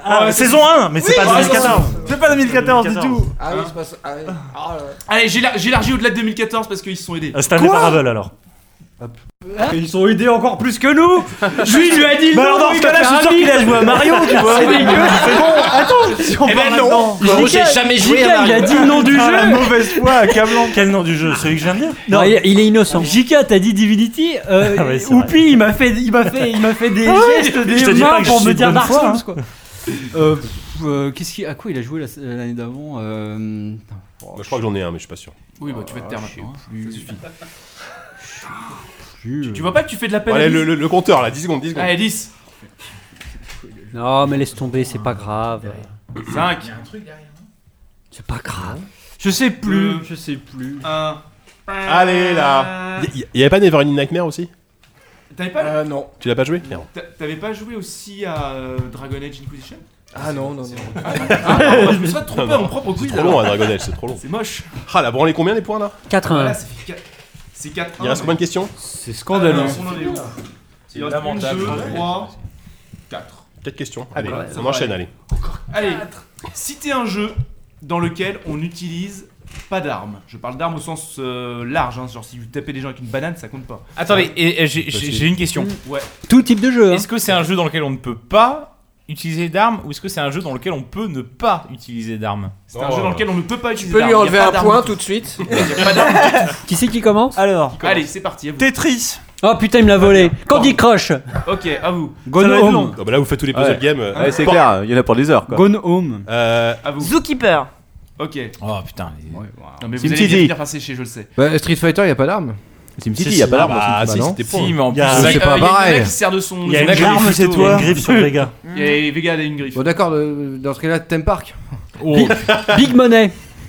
Speaker 8: Ah,
Speaker 12: ouais,
Speaker 8: Saison 1, mais c'est
Speaker 12: Oui,
Speaker 8: pas
Speaker 12: pardon.
Speaker 8: 2014
Speaker 12: C'est pas 2014 du tout.
Speaker 20: Ah oui, c'est pas ça. Ah oui. Ah, là.
Speaker 10: Hein Allez, j'éla- j'élargis au-delà de 2014 parce qu'ils se sont aidés.
Speaker 18: Ah,
Speaker 8: Euh, Stanley Parable alors.
Speaker 13: Hein Ils sont aidés encore plus que nous Lui, il lui a dit
Speaker 8: Bah
Speaker 13: non,
Speaker 8: alors, dans
Speaker 13: il
Speaker 8: ce cas-là,
Speaker 13: va
Speaker 8: je suis
Speaker 13: faire
Speaker 8: sûr
Speaker 13: un
Speaker 8: qu'il a
Speaker 13: bip.
Speaker 8: joué à Mario, tu vois.
Speaker 13: C'est dégueu
Speaker 8: C'est bon, attends, si on
Speaker 13: Eh ben
Speaker 8: parle
Speaker 13: non.
Speaker 8: maintenant.
Speaker 13: Moi, Jika- j'ai jamais joué Jika, à Mario. il a dit le nom du
Speaker 8: Putain,
Speaker 13: jeu. Ah,
Speaker 8: la mauvaise foi, accablant. Quel nom du jeu Celui que j'aime bien
Speaker 4: Non, il, il est innocent.
Speaker 13: Jika, t'as dit Divinity euh,
Speaker 8: Ah ouais, c'est
Speaker 13: Oupi, il m'a fait, il m'a fait, il m'a fait des
Speaker 8: Ah ouais,
Speaker 13: gestes,
Speaker 8: je
Speaker 13: des
Speaker 8: te dis pas
Speaker 13: mains
Speaker 8: que je
Speaker 13: pour
Speaker 8: suis
Speaker 13: me
Speaker 8: de
Speaker 13: dire
Speaker 8: bonne
Speaker 13: Dark
Speaker 8: foi,
Speaker 13: Souls,
Speaker 8: hein.
Speaker 13: quoi. Euh, pff, euh, Qu'est-ce qui, à quoi il a joué la- l'année d'avant euh, Ah,
Speaker 2: Bah, je crois que j'en ai un, mais je suis pas sûr.
Speaker 10: Oui, bah tu vas te
Speaker 18: Ah,
Speaker 10: taire maintenant. hein. Ça suffit.
Speaker 2: Tu,
Speaker 10: tu vois pas que tu fais de la peine
Speaker 2: Allez,
Speaker 10: à
Speaker 2: le,
Speaker 10: Lise
Speaker 2: le- le compteur là, 10 secondes, 10 secondes.
Speaker 10: Allez, 10.
Speaker 4: Non, mais laisse tomber, c'est pas grave.
Speaker 10: 5.
Speaker 4: C'est pas grave.
Speaker 13: Je sais plus,
Speaker 10: Deux.
Speaker 13: je sais plus.
Speaker 2: Euh, Allez là. Y, y- y avait pas Never Ending Nightmare aussi
Speaker 10: T'avais pas,
Speaker 20: Euh, non.
Speaker 2: Tu l'as pas joué Merde.
Speaker 10: t'avais pas joué aussi à euh, Dragon Age Inquisition
Speaker 20: Ah non, non, non.
Speaker 10: Ah, non, je me serais trompé
Speaker 2: Non,
Speaker 10: en
Speaker 2: non.
Speaker 10: mon propre quiz.
Speaker 2: C'est trop
Speaker 10: alors.
Speaker 2: long, hein, Dragon Age, c'est trop long.
Speaker 10: C'est moche.
Speaker 2: Ah là, branlez combien les points là
Speaker 4: 4
Speaker 10: Voilà, ça fait quatre- C'est 4
Speaker 2: Il reste combien de questions
Speaker 4: C'est
Speaker 10: scandaleux. on en est où Il reste
Speaker 2: lamentable.
Speaker 10: 2, 3, 4.
Speaker 2: 4 questions.
Speaker 10: Ah,
Speaker 2: Allez,
Speaker 10: quand même.
Speaker 2: on enchaîne, allez.
Speaker 10: Allez, citez un jeu dans lequel on n'utilise pas d'armes. Je parle d'armes au sens euh, large, hein, genre si vous tapez des gens avec une banane, ça compte pas.
Speaker 18: Attendez, et- et j'ai- j'ai j'ai une question.
Speaker 10: Ouais.
Speaker 4: Tout type de
Speaker 20: hein.
Speaker 4: jeu.
Speaker 18: Est-ce que c'est un jeu dans lequel on ne peut pas utiliser d'armes ou est-ce que c'est un jeu dans lequel on peut ne pas utiliser d'armes
Speaker 10: C'est un jeu dans lequel on ne peut pas
Speaker 20: Tu
Speaker 10: utiliser
Speaker 20: peux
Speaker 18: d'armes,
Speaker 20: lui
Speaker 18: y a
Speaker 20: enlever
Speaker 18: pas
Speaker 20: un
Speaker 18: d'armes
Speaker 20: point
Speaker 18: du
Speaker 20: tout
Speaker 18: tout.
Speaker 20: de suite.
Speaker 10: Il y a pas d'armes du tout.
Speaker 4: Qui c'est qui commence
Speaker 12: Alors.
Speaker 10: Allez, c'est parti, à vous.
Speaker 12: Tetris.
Speaker 4: Oh putain, il Oh, me l'a volé. Candy Crush.
Speaker 10: Ok, à vous.
Speaker 4: Gone
Speaker 10: Ça va être
Speaker 4: Home.
Speaker 10: long.
Speaker 2: Ah bah là, vous faites tous les puzzle
Speaker 4: Ouais.
Speaker 2: games. euh,
Speaker 4: Ouais, c'est
Speaker 2: bon.
Speaker 4: clair,
Speaker 11: il y en a pour des heures, quoi.
Speaker 13: Gone Home.
Speaker 2: Euh,
Speaker 10: à vous.
Speaker 6: Zookeeper.
Speaker 10: Ok.
Speaker 18: Oh putain.
Speaker 10: Non, mais vous
Speaker 5: Sim
Speaker 10: allez bien
Speaker 5: City.
Speaker 10: finir par sécher, je le sais.
Speaker 5: Bah, Street Fighter, il a pas d'arme.
Speaker 11: City, Si, y a si, pas d'arme
Speaker 5: Ah,
Speaker 11: dans Street Fighter, non
Speaker 5: Si, mais en
Speaker 11: Y a-
Speaker 5: plus,
Speaker 11: euh,
Speaker 5: c'est
Speaker 11: y a-
Speaker 5: pas
Speaker 11: y a- y a
Speaker 5: pareil.
Speaker 11: un mec
Speaker 5: Il
Speaker 11: qui se sert de son-
Speaker 5: Il y a une
Speaker 11: Mec,
Speaker 5: griffe,
Speaker 11: arme,
Speaker 5: c'est
Speaker 11: c'est
Speaker 5: toi.
Speaker 11: toi.
Speaker 10: Et Vega euh. a une griffe.
Speaker 5: Bon, d'accord, le- dans ce cas-là, Theme Park.
Speaker 18: Big,
Speaker 4: Big Money.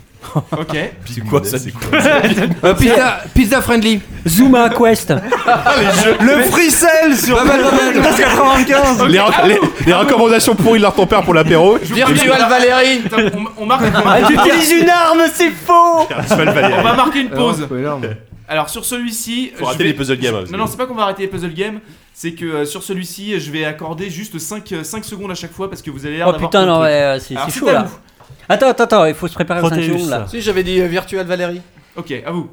Speaker 10: Ok.
Speaker 2: C'est quoi ça du coup
Speaker 5: Euh, pizza, pizza Friendly.
Speaker 4: Zuma Quest.
Speaker 12: Le free sale sur
Speaker 5: Pas mal, pas mal.
Speaker 12: 95.
Speaker 2: les, re- les- les recommandations pourries de leur ton père pour l'apéro.
Speaker 5: Virtual Valérie.
Speaker 10: Attends, on- On marque un
Speaker 12: Ah,
Speaker 10: point.
Speaker 12: tu utilises une arme, c'est faux.
Speaker 2: Virtual Valérie.
Speaker 10: On va marquer
Speaker 4: Ah,
Speaker 10: une pause.
Speaker 2: Alors, faut énorme.
Speaker 10: Alors sur celui-ci,
Speaker 2: Faut
Speaker 10: je
Speaker 2: arrêter
Speaker 10: vais-
Speaker 2: les puzzle games, hein, parce
Speaker 10: Non
Speaker 2: que-
Speaker 10: non, c'est pas qu'on va arrêter les puzzle games, c'est que euh, sur celui-ci, je vais accorder juste 5, euh, 5 secondes à chaque fois parce que vous allez l'air
Speaker 4: Oh
Speaker 10: d'avoir
Speaker 4: putain,
Speaker 10: plein de
Speaker 4: non,
Speaker 10: trucs.
Speaker 4: ouais, c'est
Speaker 10: Alors,
Speaker 4: c'est
Speaker 10: c'est
Speaker 4: chaud
Speaker 10: à
Speaker 4: là.
Speaker 10: vous.
Speaker 4: Attends, attends, attends, il faut se préparer 5 secondes là.
Speaker 20: Si, j'avais dit euh, Virtual Valérie.
Speaker 10: OK, à vous.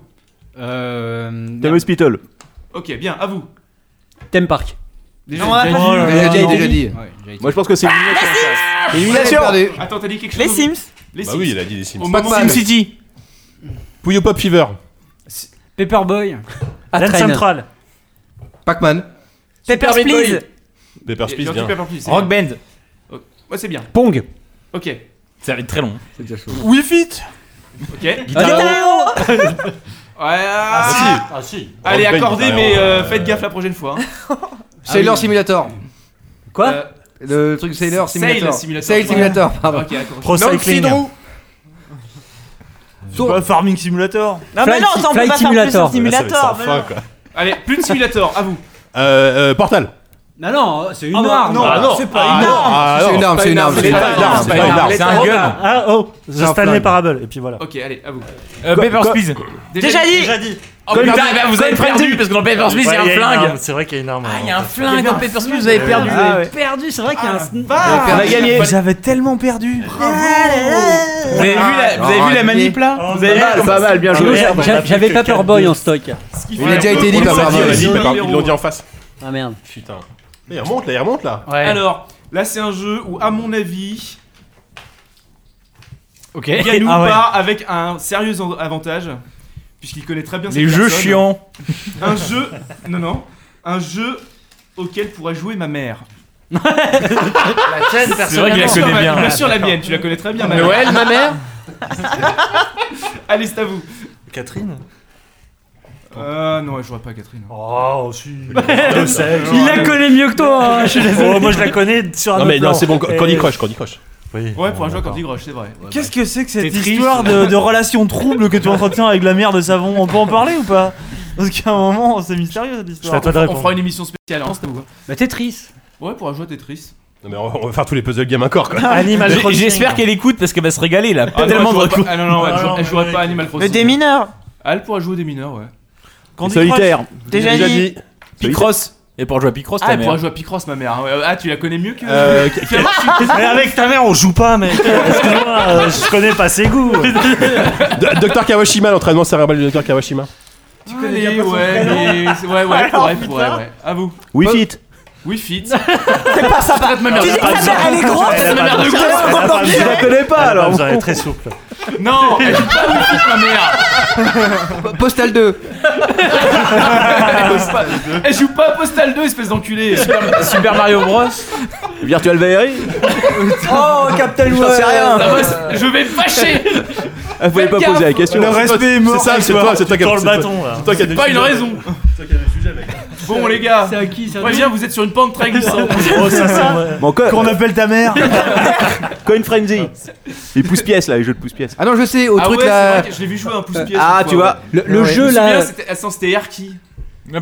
Speaker 13: Euh.
Speaker 11: Hospital.
Speaker 10: OK, bien, à vous.
Speaker 4: Theme Park.
Speaker 6: Déjà Non, on dit. l'a pas Oh là vu. là,
Speaker 5: Déjà dit,
Speaker 6: non.
Speaker 5: déjà dit.
Speaker 6: Ouais,
Speaker 11: Moi je pense que c'est
Speaker 6: Sims
Speaker 11: Élimination
Speaker 10: Attends, t'as dit quelque
Speaker 6: Ah, Les
Speaker 10: chose
Speaker 6: Sims
Speaker 10: Les
Speaker 2: bah
Speaker 10: Sims.
Speaker 2: oui, il a dit les Sims.
Speaker 10: Au moment Pac-Man. Sim City.
Speaker 2: Puyo Pop Fever.
Speaker 13: Paperboy.
Speaker 2: Dan
Speaker 13: Atrain.
Speaker 2: Central.
Speaker 5: Pac-Man.
Speaker 13: Papers,
Speaker 10: Super Meat
Speaker 13: please.
Speaker 10: Boy.
Speaker 2: Papers,
Speaker 10: J'ai
Speaker 2: please,
Speaker 10: entendu
Speaker 2: bien.
Speaker 10: Papers, please, c'est
Speaker 2: Rock
Speaker 10: bien. Oh, Ouais, c'est bien.
Speaker 4: Pong.
Speaker 10: Ok. Ça va être très long. C'est déjà chaud.
Speaker 12: Wii Fit
Speaker 10: Ok.
Speaker 12: Guitar
Speaker 10: Guitar Hero. Ouais.
Speaker 12: Ah, si. Ah, si.
Speaker 10: Allez,
Speaker 12: Rock Band,
Speaker 10: accordé,
Speaker 12: Guitar
Speaker 10: mais
Speaker 12: Hero.
Speaker 10: euh, faites gaffe la prochaine fois. hein.
Speaker 5: Sailor
Speaker 10: Ah oui. Euh,
Speaker 5: Simulator.
Speaker 4: Quoi
Speaker 5: Le truc Sailor
Speaker 10: Sail
Speaker 5: Simulator.
Speaker 10: Simulator.
Speaker 5: Sail Simulator,
Speaker 10: Ouais.
Speaker 5: pardon.
Speaker 10: Ok, d'accord.
Speaker 5: Pro
Speaker 12: Non, le
Speaker 5: Cycling.
Speaker 12: Sidrou. C'est pas Farming Simulator
Speaker 6: Non, mais non, on peut pas faire plus sur
Speaker 12: Ah,
Speaker 6: simulator. mais non.
Speaker 10: Allez, plus de simulator, à vous.
Speaker 2: Euh, euh, Portal.
Speaker 13: Non, non, c'est une
Speaker 10: Ah bah,
Speaker 13: arme.
Speaker 10: non, Ah non.
Speaker 13: c'est pas
Speaker 2: Ah
Speaker 13: une
Speaker 2: non.
Speaker 13: arme.
Speaker 2: Ah non,
Speaker 13: pas
Speaker 2: c'est une arme, c'est pas une arme, c'est un gun.
Speaker 8: Ah oh, The
Speaker 2: un
Speaker 8: Stanley
Speaker 2: flingue.
Speaker 8: Parable, et puis voilà.
Speaker 10: Ok, allez, à vous.
Speaker 7: Euh,
Speaker 8: Quoi-
Speaker 7: Papers,
Speaker 8: quoi-
Speaker 7: please.
Speaker 10: Déjà dit Déjà
Speaker 8: dit
Speaker 7: Oh putain, eh ben, vous avez perdu parce que dans Papers, please, il y a un
Speaker 8: Ouais, une
Speaker 7: flingue.
Speaker 8: arme, C'est vrai qu'il y a une arme.
Speaker 7: Ah, il y a un flingue
Speaker 6: hein,
Speaker 7: dans Papers, please, vous avez perdu.
Speaker 8: Ah, ouais.
Speaker 13: perdu, c'est vrai qu'il y a un
Speaker 7: Ah, on a gagné.
Speaker 12: J'avais tellement perdu.
Speaker 7: Vous avez vu la, vous avez vu la manip là Vous avez vu comment-
Speaker 4: J'avais Paperboy en stock.
Speaker 2: Il a déjà été dit, Paperboy. Ils l'ont dit en face.
Speaker 4: Ah merde.
Speaker 2: Putain. Mais il remonte là, il remonte là.
Speaker 10: Alors, là, c'est un jeu où, à mon avis,
Speaker 7: Ok.
Speaker 10: Yannou
Speaker 7: Ah ouais.
Speaker 10: part avec un sérieux en- avantage, puisqu'il connaît très bien
Speaker 7: Les
Speaker 10: cette
Speaker 7: jeux
Speaker 10: personne.
Speaker 7: chiants.
Speaker 10: Un jeu. Non, non. Un jeu auquel pourrait jouer ma mère. la
Speaker 7: tienne, C'est vrai qu'il la personnellement. connaît bien.
Speaker 10: Bien sûr, la mienne, tu la connais très bien, ma mère.
Speaker 7: Noël, ma mère
Speaker 10: Allez, c'est à vous.
Speaker 8: Catherine
Speaker 10: Euh, non, elle jouera pas à Catherine.
Speaker 8: Oh, si.
Speaker 10: Je sais, je
Speaker 13: Il
Speaker 10: sais.
Speaker 13: la connaît mieux que toi. hein, je suis désolé.
Speaker 8: Oh, moi je la connais sur un
Speaker 2: Non,
Speaker 8: autre
Speaker 2: mais non,
Speaker 8: plan.
Speaker 2: c'est bon,
Speaker 8: Et-
Speaker 2: Candy Crush, Candy Crush.
Speaker 8: Oui.
Speaker 10: Ouais, pour un
Speaker 8: Bon,
Speaker 10: joueur quand
Speaker 8: d'accord.
Speaker 10: il groche, c'est vrai.
Speaker 12: Qu'est-ce que c'est que cette
Speaker 10: Tetris.
Speaker 12: histoire de, de relation trouble que tu entretiens avec la mère de savon On peut en parler ou pas Parce qu'à un moment, c'est mystérieux cette histoire.
Speaker 10: On fera une émission spéciale, hein, c'est à vous.
Speaker 13: Bah, Tetris.
Speaker 10: Ouais, pour un joueur Tetris.
Speaker 2: Non, mais on on va faire tous les puzzle games encore quoi.
Speaker 7: J'ai- J'espère qu'elle écoute parce qu'elle va se régaler là.
Speaker 10: Ah, non,
Speaker 7: tellement de
Speaker 10: elle jouera
Speaker 7: recours.
Speaker 10: pas- Ah non, non, elle, jouera- elle jouera pas à Animal Crossing. des mineurs Ah, elle pourra jouer des mineurs, ouais. Candy Crush.
Speaker 7: Solitaire.
Speaker 10: Déjà dit.
Speaker 7: Picross. Et pour jouer à Picross,
Speaker 10: Ah,
Speaker 7: ta
Speaker 10: elle pourra
Speaker 7: mère.
Speaker 10: jouer à Picross, ma mère. hein, ouais. Ah, tu la connais mieux que.
Speaker 7: Euh,
Speaker 10: que-
Speaker 8: Mais avec ta mère, on joue pas, mec. Excuse-moi, euh, je connais pas ses goûts.
Speaker 2: Docteur Kawashima, l'entraînement cérébral du Docteur Kawashima.
Speaker 10: Tu connais bien ouais, mais... ouais, ouais, ouais,
Speaker 12: Alors,
Speaker 10: ouais, ouais, ouais. À vous.
Speaker 2: Oui, fit.
Speaker 10: Oui, fit. C'est pas ça, traite ma mère.
Speaker 12: Tu dis que
Speaker 10: Ah,
Speaker 12: sa mère, elle est
Speaker 10: non.
Speaker 12: grosse,
Speaker 10: Elle a
Speaker 12: ma mère de
Speaker 10: pas besoin.
Speaker 12: grosse,
Speaker 10: Elle a pas
Speaker 12: on
Speaker 10: besoin.
Speaker 12: t'en dit.
Speaker 8: Elle a
Speaker 12: alors,
Speaker 8: besoin
Speaker 12: on
Speaker 8: d'être
Speaker 12: comprend.
Speaker 8: très souple.
Speaker 10: Non, elle joue pas à Wii Fit, ma mère.
Speaker 5: Postal 2.
Speaker 10: Elle joue pas- Elle joue pas à Postal 2, espèce d'enculé.
Speaker 7: Super, Mario Bros.
Speaker 11: Virtual Valerie
Speaker 10: Oh,
Speaker 11: Captain
Speaker 10: J'en
Speaker 11: Web.
Speaker 10: sais rien. Ça va, c'est- Je vais me fâcher.
Speaker 11: Elle pouvait Ah, pas
Speaker 10: Faites
Speaker 11: poser la
Speaker 10: gaffe.
Speaker 11: question.
Speaker 10: Le respect est mort
Speaker 2: C'est ça,
Speaker 10: ce
Speaker 2: c'est
Speaker 10: soir.
Speaker 2: toi, c'est toi qui a
Speaker 10: Dans le
Speaker 2: c'est toi-
Speaker 10: bâton, là.
Speaker 2: c'est toi qui a
Speaker 10: C'est
Speaker 2: des
Speaker 10: pas une
Speaker 2: sujets.
Speaker 10: raison. Bon, les gars. C'est à qui ça Préviens, vous êtes sur une pente très glissante.
Speaker 12: Oh, ça, c'est vrai. Qu'on appelle ta mère
Speaker 11: euh, Coin Frenzy. Les pouces-pièces là, les jeux de pouces-pièces.
Speaker 5: Ah non, je sais, au
Speaker 10: ah
Speaker 5: truc
Speaker 10: ouais,
Speaker 5: là.
Speaker 10: c'est vrai que je l'ai vu jouer à un pouce-pied.
Speaker 11: Ah, tu vois,
Speaker 5: le- le
Speaker 4: jeu, là-
Speaker 10: C'était Yarki.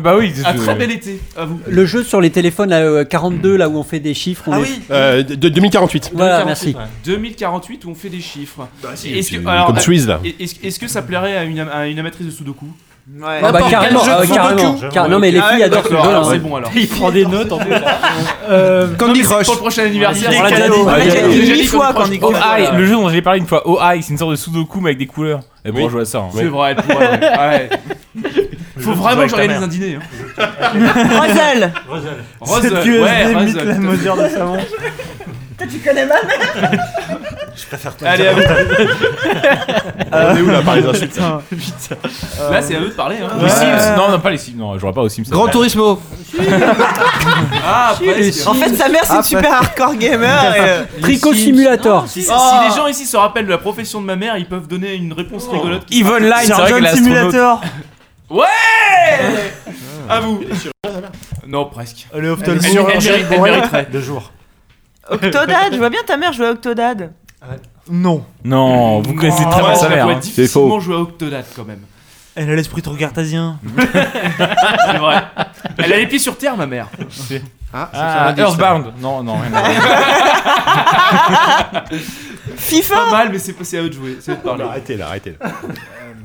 Speaker 7: Bah oui,
Speaker 10: Un très bel été, à vous.
Speaker 4: Le jeu sur les téléphones, là, euh, 42, là où on fait des chiffres. on
Speaker 10: Ah
Speaker 4: est-
Speaker 10: oui.
Speaker 2: Euh, de- de 2048.
Speaker 4: Voilà, merci.
Speaker 10: 2048 où on fait des chiffres.
Speaker 2: si,
Speaker 10: Est-ce
Speaker 2: tu-
Speaker 10: que, euh,
Speaker 2: comme Suisse, là.
Speaker 10: Est-ce, est-ce que ça plairait à une, am- à une amatrice de Sudoku
Speaker 4: Ah bah, N'importe quel carrément, jeu de ah, Sudoku. carrément. Car- non, mais
Speaker 12: Ah
Speaker 6: Ah,
Speaker 4: les filles adorent ce
Speaker 10: d'accord,
Speaker 4: jeu,
Speaker 10: alors
Speaker 4: hein.
Speaker 10: Ah, C'est bon alors.
Speaker 4: Il prend des notes, en plus.
Speaker 5: euh,
Speaker 10: Non, mais c'est Pour le prochain anniversaire.
Speaker 7: On l'a
Speaker 10: J'ai
Speaker 7: déjà dit.
Speaker 10: dit Candy Crush.
Speaker 7: Oh, ah,
Speaker 10: Voilà.
Speaker 7: Le jeu dont j'ai parlé une fois, OI, c'est une sorte de Sudoku mais avec des couleurs. Elle pourra
Speaker 10: Oui.
Speaker 7: jouer à ça. hein.
Speaker 10: C'est vrai, elle pourrait, ouais. Ouais.
Speaker 7: Le
Speaker 10: Faut
Speaker 7: jeu
Speaker 10: vraiment
Speaker 7: avec
Speaker 10: que
Speaker 7: ta
Speaker 10: j'organise
Speaker 7: mère.
Speaker 10: un dîner. hein.
Speaker 6: Roselle.
Speaker 8: Roselle.
Speaker 10: Roselle,
Speaker 12: Cette QSD
Speaker 10: ouais,
Speaker 12: imite
Speaker 10: Roselle.
Speaker 12: la mesure de savon.
Speaker 6: Toi, tu connais ma mère
Speaker 8: Je préfère te
Speaker 10: Allez,
Speaker 8: le
Speaker 10: à
Speaker 8: dire.
Speaker 10: vous.
Speaker 2: On est où, là, par les insultes
Speaker 10: Putain.
Speaker 12: Euh,
Speaker 7: Euh,
Speaker 10: Là, c'est à eux de parler. hein.
Speaker 7: Les Sims. Non, non, pas les Sims. Non, j'aurais pas aux Sims.
Speaker 5: Grand Turismo.
Speaker 10: Ah, presque.
Speaker 6: En fait, sa mère,
Speaker 10: Ah,
Speaker 4: Ah,
Speaker 6: c'est une
Speaker 4: bah.
Speaker 6: super hardcore gamer. et, euh, Oh.
Speaker 4: Tricot
Speaker 10: Non,
Speaker 4: Ah, bah. Simulator.
Speaker 10: Si, si- si les gens ici se rappellent de la profession de ma mère, ils peuvent donner une réponse
Speaker 4: Oh.
Speaker 10: rigolote. qui
Speaker 7: Yvonne
Speaker 10: sera-
Speaker 7: Line, c'est vrai Surgeon qu'elle est astronaute. Simulator.
Speaker 10: Ouais
Speaker 4: Ah.
Speaker 10: À vous Non, presque.
Speaker 12: Elle est
Speaker 10: Elle- elle-
Speaker 12: ophtalmo.
Speaker 10: elle- elle- elle mériterait.
Speaker 8: Deux jours.
Speaker 6: Octodad, je vois bien ta mère jouer à Octodad.
Speaker 12: Non.
Speaker 7: Non, vous
Speaker 10: Ah,
Speaker 7: connaissez très
Speaker 12: ouais,
Speaker 7: bien
Speaker 12: ça
Speaker 7: sa
Speaker 12: doit
Speaker 7: mère.
Speaker 12: être
Speaker 7: hein.
Speaker 12: difficilement C'est faux.
Speaker 10: jouer à Octodad quand même.
Speaker 12: Elle a l'esprit trop cartésien.
Speaker 10: c'est vrai. Elle a les pieds sur terre, ma mère.
Speaker 5: Ah,
Speaker 7: Ah, Earthbound. Non, non, rien à voir.
Speaker 10: FIFA Pas mal, mais c'est c'est à eux de jouer. C'est à eux de parler.
Speaker 2: Arrêtez là, arrêtez là.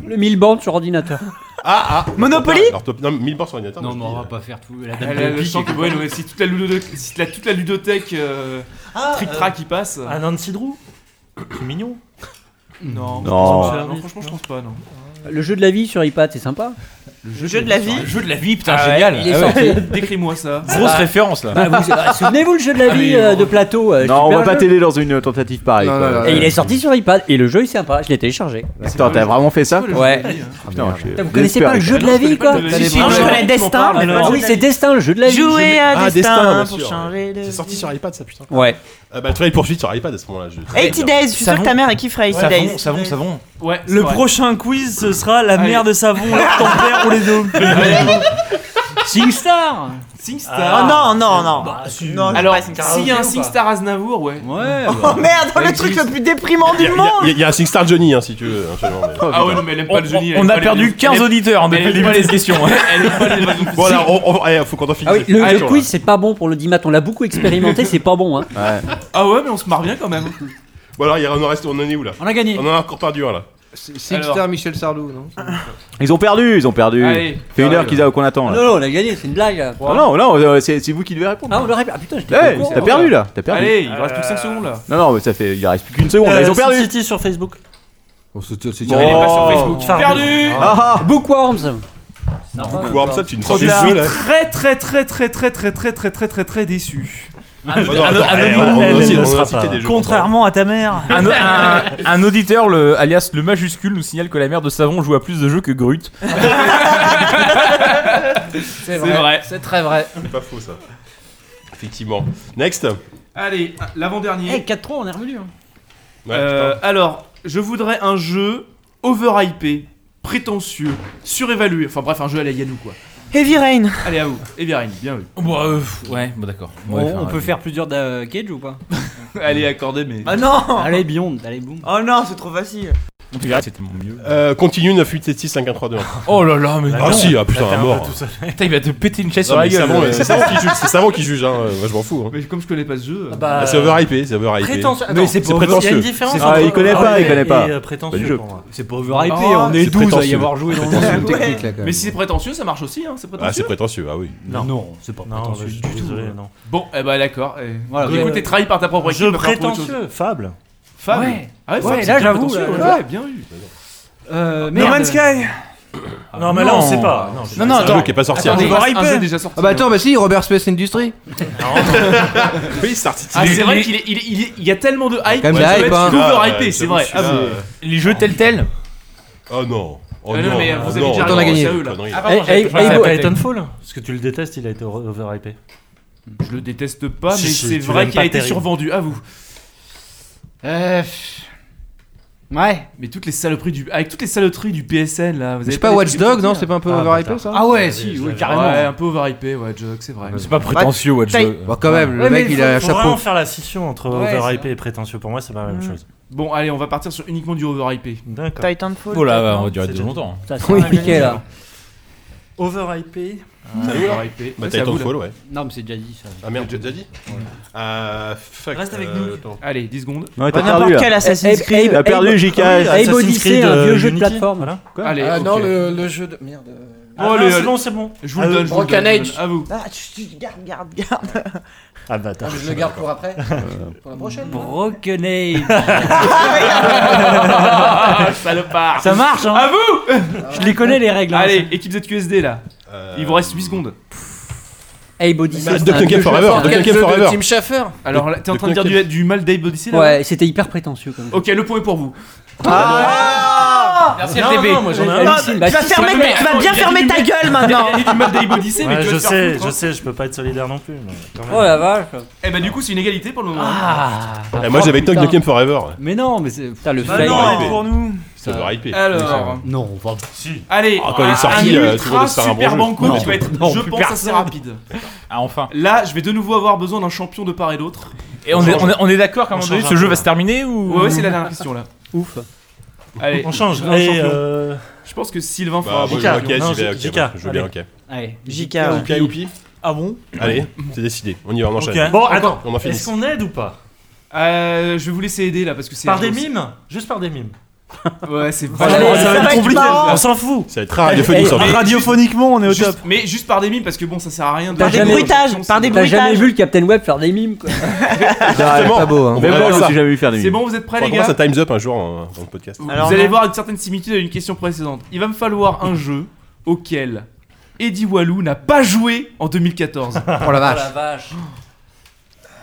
Speaker 4: Le 1000 bandes sur ordinateur.
Speaker 2: Ah, ah
Speaker 4: Monopoly
Speaker 2: Alors, top- Non, 1000 bords sur ordinateur.
Speaker 21: Non,
Speaker 2: moi,
Speaker 21: mais
Speaker 2: je
Speaker 21: on va
Speaker 2: dis, euh,
Speaker 21: pas faire tout. La dame
Speaker 10: Elle a
Speaker 21: de
Speaker 10: le
Speaker 21: pique
Speaker 10: chant
Speaker 21: et
Speaker 10: que-
Speaker 21: tout.
Speaker 10: ouais, non, mais si toute la ludothèque, si la- toute la ludothèque euh, trick-track qui passe.
Speaker 8: Ah, Nancy Drew C'est mignon.
Speaker 10: Non,
Speaker 4: Non.
Speaker 10: Ah, non, franchement, je pense pas, non.
Speaker 4: Le jeu de la vie sur iPad, c'est sympa.
Speaker 6: Le jeu, de la vie.
Speaker 22: Le jeu de la vie, putain, génial. Ah ouais. Décris-moi ça. Grosse référence là.
Speaker 4: Bah, vous- ah, Souvenez-vous le jeu de la
Speaker 22: Ah, mais
Speaker 4: vie
Speaker 22: bon.
Speaker 4: euh, de plateau. euh,
Speaker 11: Non, on
Speaker 4: super
Speaker 11: va pas
Speaker 4: jeu.
Speaker 11: t'aider dans une tentative pareille.
Speaker 4: Non,
Speaker 11: quoi.
Speaker 4: non, non, Et non. il est sorti sur iPad et le jeu est sympa, je l'ai téléchargé.
Speaker 22: Bah,
Speaker 11: Attends, t'as vraiment fait ça
Speaker 4: Ouais.
Speaker 22: Ah,
Speaker 11: Putain, je-
Speaker 4: Putain, Vous connaissez pas le jeu de la vie quoi
Speaker 11: Si, si, je connais
Speaker 6: Destin, mais
Speaker 4: Ah
Speaker 6: non.
Speaker 4: oui, c'est Destin, le jeu de la vie.
Speaker 6: Jouer à
Speaker 2: Ah,
Speaker 6: Destin,
Speaker 2: Destin, bien
Speaker 6: pour
Speaker 2: sûr.
Speaker 6: changer de
Speaker 2: C'est sorti sur iPad, ça, putain.
Speaker 4: Ouais.
Speaker 2: Ah bah, tu vois, il poursuit sur iPad à ce moment-là. je-
Speaker 6: 80 Days, je suis sûr que ta mère est kifferait 80 Days.
Speaker 10: Ouais,
Speaker 6: c'est
Speaker 10: le
Speaker 6: vrai.
Speaker 10: prochain quiz, ce sera la mère de savon, leur tempère ou les deux.
Speaker 13: SingStar
Speaker 10: SingStar Bah,
Speaker 6: Ah non, non, non. Non, je
Speaker 10: Alors,
Speaker 6: sais pas, c'est une
Speaker 10: s'il y
Speaker 6: karaoké ou
Speaker 10: a un
Speaker 6: pas
Speaker 10: SingStar
Speaker 20: Aznavour, ouais.
Speaker 22: Ouais.
Speaker 6: Oh merde, le truc le plus déprimant
Speaker 2: bah, Il y
Speaker 6: du
Speaker 2: a-
Speaker 6: monde
Speaker 2: il y a- il y a un SingStar Johnny, hein, si tu veux. absolument, mais-
Speaker 22: Ah ouais, non, mais elle aime pas le Johnny. elle
Speaker 7: on
Speaker 22: aime
Speaker 7: a
Speaker 22: pas les-
Speaker 7: perdu
Speaker 22: elle
Speaker 7: 15
Speaker 22: aime-
Speaker 7: auditeurs, hein,
Speaker 22: elle aime
Speaker 7: depuis
Speaker 22: pas
Speaker 7: les
Speaker 22: les questions. Elle aime pas les questions.
Speaker 2: Bon, alors, on, on- eh, faut qu'on en finisse.
Speaker 4: Ah oui, le, le
Speaker 22: toujours,
Speaker 4: quiz c'est pas bon pour l'audimat, on l'a beaucoup expérimenté, c'est pas bon. Hein.
Speaker 10: Ah ouais, mais on se marre bien quand même.
Speaker 2: Bon, alors, il y en reste, on en est où là
Speaker 4: On a gagné.
Speaker 2: On en a encore perdu un là.
Speaker 5: Singster Michel Sardou, non
Speaker 11: Ils ont perdu, ils ont perdu.
Speaker 5: Allez,
Speaker 11: fait une
Speaker 5: allez,
Speaker 11: heure qu'ils a- qu'on
Speaker 2: Oh,
Speaker 11: attend là.
Speaker 4: Non, non, on a gagné, c'est une blague.
Speaker 11: Non, non, non, euh, c'est c'est vous qui devez répondre.
Speaker 4: Ah, on le répète. Ah putain,
Speaker 2: Eh,
Speaker 4: j'étais
Speaker 11: Ouais,
Speaker 4: pas au
Speaker 11: t'as
Speaker 4: courant.
Speaker 11: perdu là, t'as perdu.
Speaker 10: Allez, il reste plus que 5 secondes là.
Speaker 11: Non, non, mais ça fait, il reste plus qu'une seconde,
Speaker 4: Euh,
Speaker 5: Euh,
Speaker 11: là, ils ont perdu. Oh.
Speaker 10: City sur Facebook.
Speaker 11: Non, il est pas
Speaker 2: Oh.
Speaker 11: sur Facebook.
Speaker 10: Perdu
Speaker 11: Ah, ah.
Speaker 4: Bookworms
Speaker 2: Bookworms, ça, tu ne
Speaker 10: Je
Speaker 2: sens
Speaker 10: suis
Speaker 2: pas.
Speaker 10: très très très très très très très très très très très déçu.
Speaker 7: Ah, non, attends, eh, on- on- on- on- on- on- on-
Speaker 10: Contrairement à ta mère.
Speaker 7: Un, un- un auditeur, le, alias le majuscule, nous signale que la mère de Savon joue à plus de jeux que Grut.
Speaker 20: C'est vrai. C'est très vrai.
Speaker 2: C'est pas faux ça. Effectivement. Next.
Speaker 20: Allez,
Speaker 10: l'avant-dernier.
Speaker 13: Eh, 4-3, on est revenu. hein.
Speaker 10: Euh, alors, je voudrais un jeu overhypé, prétentieux, surévalué. Enfin bref, un jeu à la Yanou quoi.
Speaker 6: Heavy Rain.
Speaker 10: Allez à vous, Heavy Rain, bien vu.
Speaker 7: Bon, euh, ouais, bon d'accord.
Speaker 10: Bon,
Speaker 7: Ouais,
Speaker 10: on
Speaker 7: enfin,
Speaker 10: peut
Speaker 7: euh,
Speaker 10: faire-
Speaker 13: Faire plusieurs da- cage ou pas
Speaker 10: Allez, accordé, mais.
Speaker 6: Ah non
Speaker 13: Allez, Beyond, allez, boum.
Speaker 6: Oh non, c'est trop facile.
Speaker 7: on peut dire que c'était mon mieux.
Speaker 2: Euh, continue 9, 8, 7, 6, 5, 1, 3, 2, 1.
Speaker 7: Oh là là, mais.
Speaker 2: Ah
Speaker 7: non.
Speaker 2: si, ah putain,
Speaker 7: T'as
Speaker 2: à
Speaker 7: un
Speaker 2: mort.
Speaker 7: peu tout seul. Putain, il va te péter une chaise
Speaker 2: Non,
Speaker 7: sur la
Speaker 2: mais savon, euh,
Speaker 7: gueule.
Speaker 2: C'est savant qui juge, c'est savant qui juge, hein. euh, Moi, je m'en fous. hein.
Speaker 10: Mais comme je connais pas ce jeu. euh,
Speaker 2: Ah, c'est overhypé, c'est overhypé.
Speaker 10: Prétentieux-
Speaker 2: Mais
Speaker 10: attends,
Speaker 2: c'est
Speaker 10: il y a une
Speaker 2: prétentieux.
Speaker 10: différence
Speaker 2: C'est
Speaker 10: entre-
Speaker 2: prétentieux.
Speaker 10: Ah ouais, et,
Speaker 2: Pas
Speaker 10: euh,
Speaker 2: du
Speaker 10: prétentieux,
Speaker 2: jeu.
Speaker 10: pour moi.
Speaker 13: C'est pas overhypé,
Speaker 10: Ah,
Speaker 13: on est
Speaker 2: c'est
Speaker 13: 12 à y
Speaker 2: prétentieux.
Speaker 13: avoir joué dans le
Speaker 2: Prétentieux.
Speaker 13: jeu.
Speaker 2: Ouais. Technique, là, quand même.
Speaker 10: Mais si c'est prétentieux, ça marche aussi, hein, c'est
Speaker 2: Ah,
Speaker 10: prétentieux.
Speaker 2: c'est prétentieux, ah oui.
Speaker 10: Non.
Speaker 13: Non, c'est pas
Speaker 10: Non,
Speaker 13: prétentieux
Speaker 10: je suis
Speaker 13: du tout.
Speaker 10: désolé, non. Bon, eh bah d'accord. eh.
Speaker 13: Voilà.
Speaker 10: Du coup,
Speaker 13: Ouais.
Speaker 10: t'es trahi par ta propre équipe.
Speaker 8: Jeu
Speaker 10: mais par contre, autre chose.
Speaker 8: prétentieux, Fable.
Speaker 10: Fable.
Speaker 13: Ouais.
Speaker 10: Ah ouais,
Speaker 13: Ouais,
Speaker 10: Fable,
Speaker 13: là,
Speaker 10: c'est très
Speaker 13: j'avoue,
Speaker 10: prétentieux,
Speaker 13: là,
Speaker 10: ouais,
Speaker 13: ouais.
Speaker 10: bien eu.
Speaker 13: Euh,
Speaker 10: No
Speaker 13: merde.
Speaker 10: Man's Sky.
Speaker 13: Ah,
Speaker 10: Non, mais là, on sait pas.
Speaker 13: Non,
Speaker 10: Non,
Speaker 13: non,
Speaker 2: C'est un
Speaker 13: attends.
Speaker 2: jeu qui est pas sorti.
Speaker 13: Attendez,
Speaker 2: hein.
Speaker 13: on va hyper.
Speaker 5: Ah bah attends, bah si, Robert Space Industry.
Speaker 2: Ah, Oui, c'est sorti.
Speaker 10: Ah, c'est
Speaker 2: Il-
Speaker 10: vrai
Speaker 2: il-
Speaker 10: qu'il est- il est- il est- il y a tellement de hype.
Speaker 5: Quand même
Speaker 10: que
Speaker 5: de
Speaker 10: ça va
Speaker 5: hype,
Speaker 10: être
Speaker 5: hein.
Speaker 10: l'overhypé,
Speaker 2: Ah, ouais,
Speaker 10: c'est vrai.
Speaker 2: j'avoue,
Speaker 10: Ah,
Speaker 2: celui-là,
Speaker 10: mais-
Speaker 2: euh,
Speaker 7: Les jeux tel tel
Speaker 2: Oh non. Oh
Speaker 7: Euh,
Speaker 10: Ah, non, mais vous avez déjà
Speaker 2: non,
Speaker 10: raison,
Speaker 2: non,
Speaker 10: c'est
Speaker 2: c'est
Speaker 10: à eux,
Speaker 2: une
Speaker 10: là.
Speaker 2: connerie.
Speaker 10: Ah, pardon, j'avais pas-
Speaker 8: Pas
Speaker 10: j'avais pas été-
Speaker 8: Titanfall Parce que tu le détestes, il a été over- overhypé.
Speaker 10: Je le déteste pas,
Speaker 8: Si,
Speaker 10: mais
Speaker 8: si,
Speaker 10: c'est
Speaker 8: tu
Speaker 10: vrai
Speaker 8: l'aimes
Speaker 10: qu'il a
Speaker 8: pas
Speaker 10: été
Speaker 8: terrible.
Speaker 10: survendu, à vous.
Speaker 23: Euh, pff. Ouais.
Speaker 10: Mais toutes les saloperies du. Avec toutes les saloperies du PSN là. vous avez
Speaker 5: C'est pas
Speaker 10: les
Speaker 5: Watch
Speaker 10: trucs
Speaker 5: Dog,
Speaker 10: qui
Speaker 5: non
Speaker 10: sortent,
Speaker 5: C'est pas un peu
Speaker 10: là.
Speaker 5: overhypé ça
Speaker 23: Ah ouais, si, oui, carrément.
Speaker 10: Ouais, un peu overhypé, Watch Dog, c'est vrai.
Speaker 7: C'est pas prétentieux, Watch
Speaker 5: Bah,
Speaker 7: Dogs.
Speaker 5: Bon, quand même, le mec il a un
Speaker 8: Faut
Speaker 5: chapeau.
Speaker 8: vraiment faire la scission entre
Speaker 10: Ouais, c'est
Speaker 8: overhypé et prétentieux. Pour moi, c'est pas la même chose.
Speaker 10: Bon, allez, on va partir sur uniquement du overhypé.
Speaker 8: D'accord.
Speaker 6: Titanfall.
Speaker 7: Oh là,
Speaker 10: Titanfall.
Speaker 7: on va durer
Speaker 10: C'est
Speaker 7: de
Speaker 10: déjà-
Speaker 7: longtemps.
Speaker 4: Ça, c'est compliqué là.
Speaker 10: Overhypé.
Speaker 2: C'est à vous, là Bah, Titanfall, ouais.
Speaker 23: Non, mais c'est déjà dit ça.
Speaker 2: Ah merde, j'ai déjà dit Euh, fuck.
Speaker 10: Reste avec
Speaker 2: euh,
Speaker 10: nous.
Speaker 2: attends.
Speaker 10: Allez, 10 secondes.
Speaker 11: Ouais, t'as perdu là. Eh,
Speaker 2: Eh,
Speaker 4: Assassin's Creed.
Speaker 11: T'as
Speaker 20: Eh,
Speaker 11: perdu,
Speaker 8: Ah
Speaker 11: JK.
Speaker 4: Abe Odyssey,
Speaker 8: euh,
Speaker 4: un vieux jeu de
Speaker 8: Unity.
Speaker 4: plateforme.
Speaker 8: Voilà.
Speaker 10: Allez,
Speaker 20: ah
Speaker 10: ok.
Speaker 20: non, le, le jeu de. Merde.
Speaker 8: Ah,
Speaker 10: Oh,
Speaker 8: non,
Speaker 10: le-
Speaker 8: c'est bon, c'est bon.
Speaker 10: Je vous le donne, je vous le
Speaker 20: Ah, Broken
Speaker 10: donne. je vous le
Speaker 20: Age.
Speaker 10: donne. À vous.
Speaker 6: Ah, tu, tu- garde, garde, garde.
Speaker 8: Ah bah attends.
Speaker 20: Ah, mais je le garde pour après. pour la prochaine.
Speaker 13: Broken Age.
Speaker 10: Ah, Salopard.
Speaker 13: Ça marche, hein
Speaker 10: À vous
Speaker 13: Je les connais les règles. hein.
Speaker 10: Allez, équipe ZQSD là.
Speaker 8: Euh,
Speaker 10: Il vous reste 8 secondes.
Speaker 4: Abe Odyssey.
Speaker 2: Bah,
Speaker 4: c'est
Speaker 2: Duck
Speaker 4: un
Speaker 2: Nukem
Speaker 4: vieux jeu
Speaker 2: Forever,
Speaker 4: de plateforme.
Speaker 2: Duck Nukem
Speaker 20: jeu de
Speaker 2: Forever.
Speaker 20: Tim Schafer
Speaker 10: Alors là, t'es en train de dire du, du mal d'Abe Odyssey là
Speaker 4: Ouais, c'était hyper prétentieux comme jeu.
Speaker 10: Ok, le point est pour vous. Ah,
Speaker 7: Merci
Speaker 10: Non,
Speaker 7: FDP.
Speaker 10: non, moi, j'en ai-
Speaker 4: Ah, Hallucine, bah,
Speaker 6: tu vas
Speaker 4: si,
Speaker 6: fermer,
Speaker 4: c'est
Speaker 6: tu vas bien
Speaker 10: Il y a
Speaker 6: fermer
Speaker 10: du
Speaker 6: ta
Speaker 10: mal-
Speaker 6: gueule maintenant.
Speaker 10: Il y a du mal d'Abe Odyssey, mais
Speaker 8: Ouais,
Speaker 10: tu vas
Speaker 8: je
Speaker 10: te faire
Speaker 8: sais,
Speaker 10: foutre,
Speaker 8: je
Speaker 10: hein.
Speaker 8: sais, je peux pas être solidaire non plus. mais quand même.
Speaker 4: Oh la vache.
Speaker 10: Eh bah, du coup, c'est une égalité pour le moment.
Speaker 8: Ah,
Speaker 2: Eh, Moi,
Speaker 11: Oh,
Speaker 2: j'avais Duck
Speaker 4: putain.
Speaker 2: Nukem Forever.
Speaker 13: Mais non, mais c'est.
Speaker 4: Putain, le
Speaker 10: Bah
Speaker 4: fail.
Speaker 10: non,
Speaker 2: arrivé.
Speaker 10: pour nous.
Speaker 2: C'est overhypé.
Speaker 10: Alors,
Speaker 13: Non, on va.
Speaker 8: Si.
Speaker 10: allez,
Speaker 2: Ah, quand il est
Speaker 10: un-
Speaker 2: sorti,
Speaker 10: un
Speaker 2: euh, tout le monde
Speaker 10: ultra
Speaker 2: doit se faire un
Speaker 10: super
Speaker 2: bon jeu.
Speaker 10: banco
Speaker 2: Non.
Speaker 10: qui va être,
Speaker 7: Non,
Speaker 10: je
Speaker 7: plus
Speaker 10: pense, assez
Speaker 7: personne.
Speaker 10: rapide.
Speaker 7: Ah, enfin.
Speaker 10: Là, je vais de nouveau avoir besoin d'un champion de part et d'autre.
Speaker 7: Et on est, on est, on est d'accord qu'à un
Speaker 8: On
Speaker 7: moment donné,
Speaker 8: change
Speaker 7: ce
Speaker 8: un
Speaker 7: jeu
Speaker 8: peu,
Speaker 7: va se terminer ou.
Speaker 10: Ouais, ouais, c'est la dernière question là.
Speaker 4: Ouf.
Speaker 10: Allez,
Speaker 8: On change.
Speaker 10: un
Speaker 8: Et,
Speaker 10: champion.
Speaker 8: euh,
Speaker 10: Je pense que Sylvain
Speaker 2: Bah,
Speaker 10: fera
Speaker 2: moi,
Speaker 8: Jika.
Speaker 2: je- ok,
Speaker 8: Non,
Speaker 2: j'y vais, ok.
Speaker 8: Jika,
Speaker 2: moi, Je veux bien, ok.
Speaker 13: Allez.
Speaker 6: JK.
Speaker 2: Ok, youpi.
Speaker 8: Ah bon
Speaker 2: Allez, c'est décidé. On y va, on enchaîne.
Speaker 8: Ok. Bon, attends.
Speaker 2: On en finit.
Speaker 8: Est-ce qu'on aide ou pas
Speaker 10: Euh, je vais vous laisser aider là parce que c'est
Speaker 8: Par des
Speaker 10: atroce.
Speaker 8: mimes Juste par des mimes.
Speaker 10: Ouais, c'est
Speaker 6: Allez,
Speaker 10: vachement
Speaker 6: ça va être marrant.
Speaker 8: On s'en fout.
Speaker 2: Ah. Ça va être très radiophonique,
Speaker 10: Eh,
Speaker 2: ça.
Speaker 10: eh,
Speaker 12: Radiophoniquement, on est au
Speaker 10: Juste-
Speaker 12: top.
Speaker 10: mais juste par des mimes parce que bon, ça sert à rien de.
Speaker 6: Par des
Speaker 4: jamais-
Speaker 6: bruitages, par des
Speaker 4: T'as jamais
Speaker 6: bruitages.
Speaker 4: vu le Captain Web faire des mimes quoi.
Speaker 2: Justement,
Speaker 5: pas beau, hein.
Speaker 2: Ah, on
Speaker 11: Même
Speaker 2: verra
Speaker 11: moi, je me
Speaker 2: ça.
Speaker 11: suis jamais vu faire des
Speaker 10: C'est bon, vous êtes prêts les
Speaker 2: On commence
Speaker 10: gars
Speaker 2: à Time's Up un jour hein, dans le podcast.
Speaker 10: Vous
Speaker 6: Alors,
Speaker 10: allez
Speaker 6: non.
Speaker 10: voir une certaine similitude à une question précédente. Il va me falloir un jeu auquel Eddie Walou n'a pas joué en 2014.
Speaker 5: Oh la vache.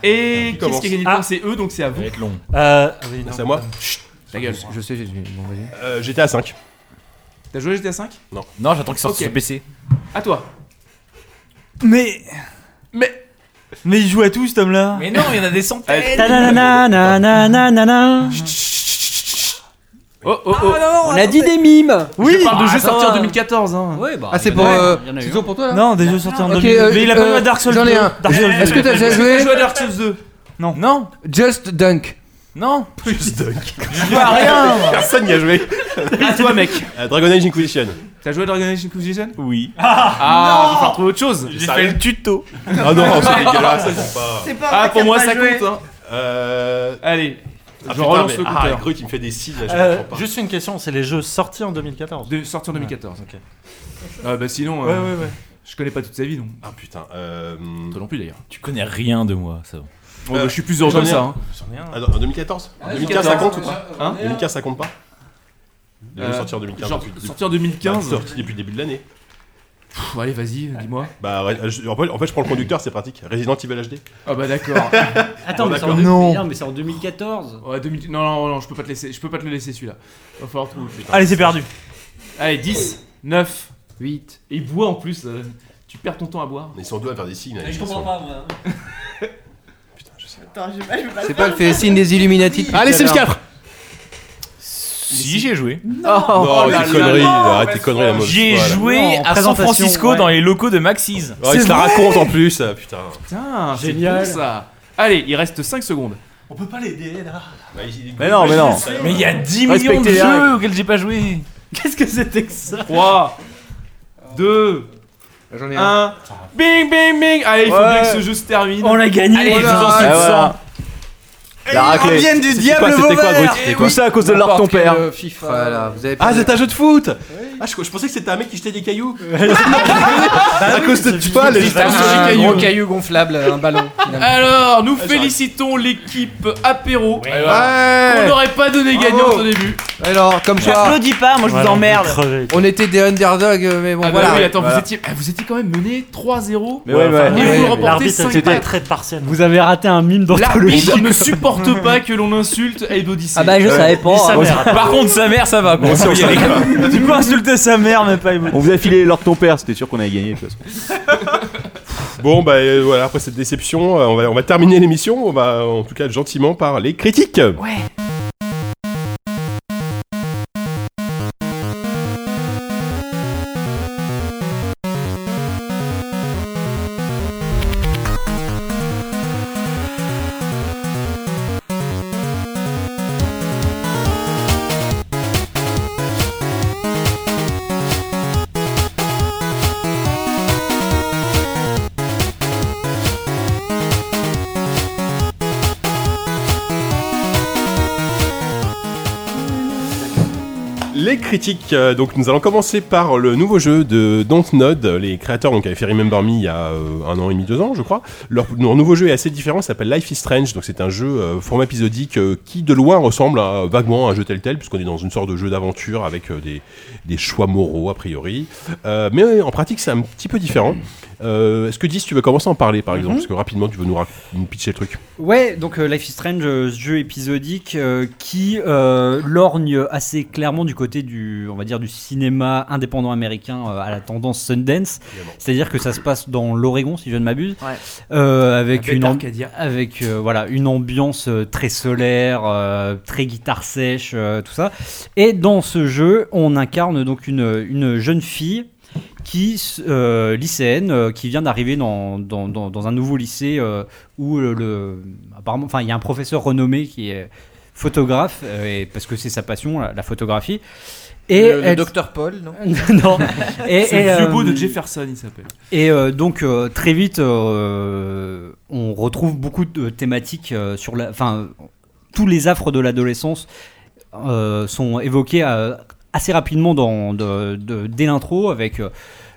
Speaker 10: Et
Speaker 2: Ah, commence
Speaker 10: qu'est-ce qui a gagné le point C'est eux, donc c'est à vous.
Speaker 2: va être long.
Speaker 10: Euh,
Speaker 2: oui, non. C'est à moi
Speaker 10: Chut, ta gueule.
Speaker 5: Je sais, j'ai bon, vas-y.
Speaker 2: Euh, J'étais à 5.
Speaker 10: T'as joué à GTA 5
Speaker 2: Non.
Speaker 7: Non, j'attends qu'il sorte
Speaker 10: Ok.
Speaker 7: sur PC.
Speaker 10: À toi.
Speaker 11: Mais.
Speaker 10: Mais.
Speaker 11: Mais il joue à tout cet homme-là.
Speaker 7: Mais non, il y en a des centaines.
Speaker 13: Ta-na-na-na-na-na-na-na.
Speaker 10: Oh, oh, oh.
Speaker 12: On a dit des mimes
Speaker 10: Oui bah, Je parle de jeux sortis en 2014. Hein.
Speaker 13: Oui,
Speaker 5: Ah, c'est pour. euh, C'est toujours pour toi là
Speaker 11: Non, des jeux sortis en
Speaker 5: Ok,
Speaker 11: 2014.
Speaker 5: euh,
Speaker 11: Mais il a pas
Speaker 5: euh,
Speaker 11: joué à Dark Souls
Speaker 5: J'en ai
Speaker 11: 2.
Speaker 5: un.
Speaker 11: Dark Souls
Speaker 5: Est-ce que t'as
Speaker 11: 2.
Speaker 5: déjà joué
Speaker 11: Est-ce que t'as joué à Dark Souls 2 Non.
Speaker 7: Non
Speaker 5: Just Dunk.
Speaker 7: Non
Speaker 2: Just Dunk.
Speaker 10: Je vois rien.
Speaker 2: Personne n'y a joué.
Speaker 10: À toi, mec.
Speaker 2: Euh, Dragon Age Inquisition.
Speaker 10: T'as joué à Dragon Age Inquisition
Speaker 2: Oui.
Speaker 10: Ah,
Speaker 2: Ah,
Speaker 10: on va retrouver autre chose.
Speaker 2: J'ai fait le
Speaker 10: tuto.
Speaker 2: Ah non, c'est dégueulasse, ça compte pas.
Speaker 10: C'est pas Ah, vrai pour qu'il a moi, pas ça joué. compte, hein.
Speaker 2: Euh...
Speaker 10: Allez,
Speaker 2: ah,
Speaker 10: je
Speaker 2: putain,
Speaker 10: relance
Speaker 2: mais-
Speaker 10: le
Speaker 2: Ah,
Speaker 10: compteur.
Speaker 2: Grut, il me fait des signes, là, je
Speaker 8: Euh,
Speaker 2: comprends pas.
Speaker 8: juste une question, c'est les jeux sortis en 2014.
Speaker 10: De, sortis en 2014.
Speaker 8: ok.
Speaker 10: Ah, bah sinon.
Speaker 8: Ouais, ouais,
Speaker 10: euh,
Speaker 8: ouais.
Speaker 10: Je connais pas toute sa vie, non.
Speaker 2: Ah putain. Euh...
Speaker 10: Toi non plus d'ailleurs.
Speaker 7: Tu connais rien de moi, ça. va.
Speaker 10: Ouais, bah, je suis plus heureux
Speaker 2: j'en
Speaker 10: comme
Speaker 2: ai
Speaker 10: ça,
Speaker 2: un.
Speaker 10: hein.
Speaker 2: J'en ai un. Attends, en 2014 En
Speaker 10: Ouais,
Speaker 2: 2015, ça compte ou
Speaker 10: 2014,
Speaker 2: pas
Speaker 10: ouais. Hein
Speaker 2: 2015, ça compte pas Des jeux
Speaker 10: Euh,
Speaker 2: sortis en 2015.
Speaker 10: genre,
Speaker 2: depuis-
Speaker 10: sortis en 2015.
Speaker 2: Bah, sortis depuis le début de l'année.
Speaker 10: Pff, allez, vas-y, dis-moi.
Speaker 2: Bah, ouais, je- en fait, en fait, je prends le conducteur, c'est pratique. Resident Evil HD.
Speaker 10: Ah bah d'accord.
Speaker 13: Attends,
Speaker 10: Bon,
Speaker 13: mais c'est en
Speaker 10: Ah, d'accord.
Speaker 13: deux- Non. mais non, mais c'est en 2014.
Speaker 10: Ouais, 2000 Non, non, non, je peux pas te laisser, je peux pas te le laisser celui-là. Va falloir trouver. putain.
Speaker 11: Allez, c'est perdu.
Speaker 10: Allez, 10, 9, 8. Et il boit en plus. euh, tu perds ton temps à boire.
Speaker 2: Mais ils sont deux à faire des signes. là, ils sont-
Speaker 13: moi.
Speaker 6: Attends, je vais pas- je vais pas
Speaker 5: C'est pas le fait signe des Illuminati.
Speaker 10: Allez, c'est le 4
Speaker 7: Si, j'ai joué.
Speaker 10: Non,
Speaker 2: Non, tes conneries, arrête tes conneries, la mauvaise
Speaker 7: J'y ai
Speaker 2: foi, là.
Speaker 7: joué
Speaker 2: Non,
Speaker 7: à San
Speaker 2: présentation,
Speaker 7: Francisco
Speaker 2: ouais.
Speaker 7: dans les locaux de Maxis.
Speaker 2: Ouais, il se la raconte en plus, euh, putain.
Speaker 10: Putain, c'est
Speaker 7: Génial.
Speaker 10: bon ça. Allez, il reste 5 secondes.
Speaker 11: On peut pas l'aider là.
Speaker 10: Mais non, mais non.
Speaker 7: Mais il y a 10 millions de
Speaker 10: Respectez les
Speaker 7: jeux
Speaker 10: règles.
Speaker 7: auxquels j'ai pas joué.
Speaker 11: Qu'est-ce que c'était que ça
Speaker 10: 3, 2,
Speaker 5: J'en
Speaker 10: 1. Bing, bing, bing. Allez, il faut
Speaker 11: Ouais.
Speaker 10: bien que ce jeu se termine.
Speaker 11: On l'a gagné.
Speaker 10: Allez,
Speaker 11: Voilà.
Speaker 10: je vous en
Speaker 11: Ah,
Speaker 10: souhaite
Speaker 11: voilà.
Speaker 10: ça.
Speaker 11: La raclée. reviennent du
Speaker 10: C'était
Speaker 11: diable
Speaker 10: quoi, c'était quoi,
Speaker 11: Vauvert.
Speaker 10: Gauthier, c'était
Speaker 5: Et
Speaker 10: quoi
Speaker 5: Eh oui, ça à cause de
Speaker 10: N'importe
Speaker 5: l'art ton
Speaker 10: quel,
Speaker 5: père.
Speaker 10: euh,
Speaker 5: FIFA, là, vous avez
Speaker 2: Ah,
Speaker 5: pas-
Speaker 2: c'est un jeu de foot Ah, je, je pensais que c'était un mec qui jetait des cailloux.
Speaker 5: Bah
Speaker 2: à cause de tu pas, les
Speaker 20: C'est un gros caillou gonflable, un ballon. finalement.
Speaker 10: Alors, nous félicitons l'équipe Apéro.
Speaker 5: Ouais. Oh.
Speaker 10: On n'aurait pas donné gagnant
Speaker 5: Bravo.
Speaker 10: au début.
Speaker 5: Alors, comme ça.
Speaker 10: J'applaudis pas, moi, je vous Voilà, emmerde. vous crevez.
Speaker 5: On était des underdogs, euh, mais bon,
Speaker 10: Ah bah
Speaker 5: voilà.
Speaker 10: oui, attends,
Speaker 5: Voilà.
Speaker 10: vous, étiez, ah, vous étiez quand même mené 3-0.
Speaker 5: Mais ouais,
Speaker 10: enfin,
Speaker 5: ouais.
Speaker 10: Et
Speaker 5: Ouais,
Speaker 10: vous
Speaker 5: ouais,
Speaker 10: le remportez
Speaker 5: l'arbitre,
Speaker 10: 5
Speaker 5: c'était
Speaker 10: à
Speaker 8: très partiel.
Speaker 13: Vous avez raté un mime dans
Speaker 10: L'arbitre ne supporte pas que l'on insulte Abe Odyssey.
Speaker 13: Ah bah, je savais pas.
Speaker 10: Ni sa
Speaker 13: Bon,
Speaker 10: mère.
Speaker 7: Par contre, sa mère, ça va. quoi.
Speaker 10: Bon, ça, on
Speaker 7: Il y a
Speaker 10: savait
Speaker 7: les-
Speaker 10: pas.
Speaker 11: Tu peux insulter sa mère, mais pas
Speaker 24: On vous a filé l'or de ton père, c'était sûr qu'on allait gagner de toute façon.
Speaker 2: Bon, bah euh, voilà, après cette déception, euh, on va, on va terminer l'émission. On va, euh, en tout cas, gentiment par les critiques. Ouais. Les critiques, euh, donc nous allons commencer par le nouveau jeu de Dontnod, les créateurs donc, avaient fait Remember Me il y a euh, un an et demi, deux ans je crois. Leur, leur nouveau jeu est assez différent, il s'appelle Life is Strange, donc c'est un jeu euh, format épisodique euh, qui de loin ressemble à- vaguement à un jeu tel tel, puisqu'on est dans une sorte de jeu d'aventure avec euh, des, des choix moraux a priori. Euh, mais euh, en pratique c'est un petit peu différent. Euh, Est-ce que Dis, tu veux commencer à en parler
Speaker 13: Mhm.
Speaker 2: par exemple Parce que rapidement tu veux nous, rac- nous pitcher le truc.
Speaker 13: Ouais, donc euh, Life is Strange, euh, ce jeu épisodique euh, qui euh, lorgne assez clairement du côté du, on va dire, du cinéma indépendant américain euh, à la tendance Sundance. C'est-à-dire que ça se passe dans l'Oregon, si je ne m'abuse, Euh, avec
Speaker 10: Un
Speaker 13: une
Speaker 10: bête
Speaker 13: amb-
Speaker 10: Arcadia.
Speaker 13: avec euh, voilà une ambiance euh, très solaire, euh, très guitare sèche, euh, tout ça. Et dans ce jeu, on incarne donc une, une jeune fille qui euh, lycéenne euh, qui vient d'arriver dans, dans, dans- dans un nouveau lycée euh, où le, le- apparemment enfin il y a un professeur renommé qui est photographe euh, et parce que c'est sa passion la, la photographie et
Speaker 5: Le- le docteur Paul, non euh,
Speaker 13: non et,
Speaker 5: C'est
Speaker 13: et,
Speaker 5: le vieux beau de
Speaker 10: Jefferson, il s'appelle.
Speaker 13: Euh, et euh, donc euh, très vite euh, on retrouve beaucoup de thématiques euh, sur la enfin tous les affres de l'adolescence euh, sont évoqués euh, assez rapidement dans, de- de- dès l'intro avec euh,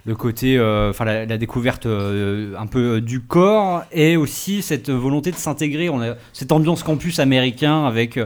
Speaker 13: le côté, euh, enfin la, la découverte euh, un peu euh, du corps et aussi cette volonté de s'intégrer. On a cette ambiance campus américain avec, euh,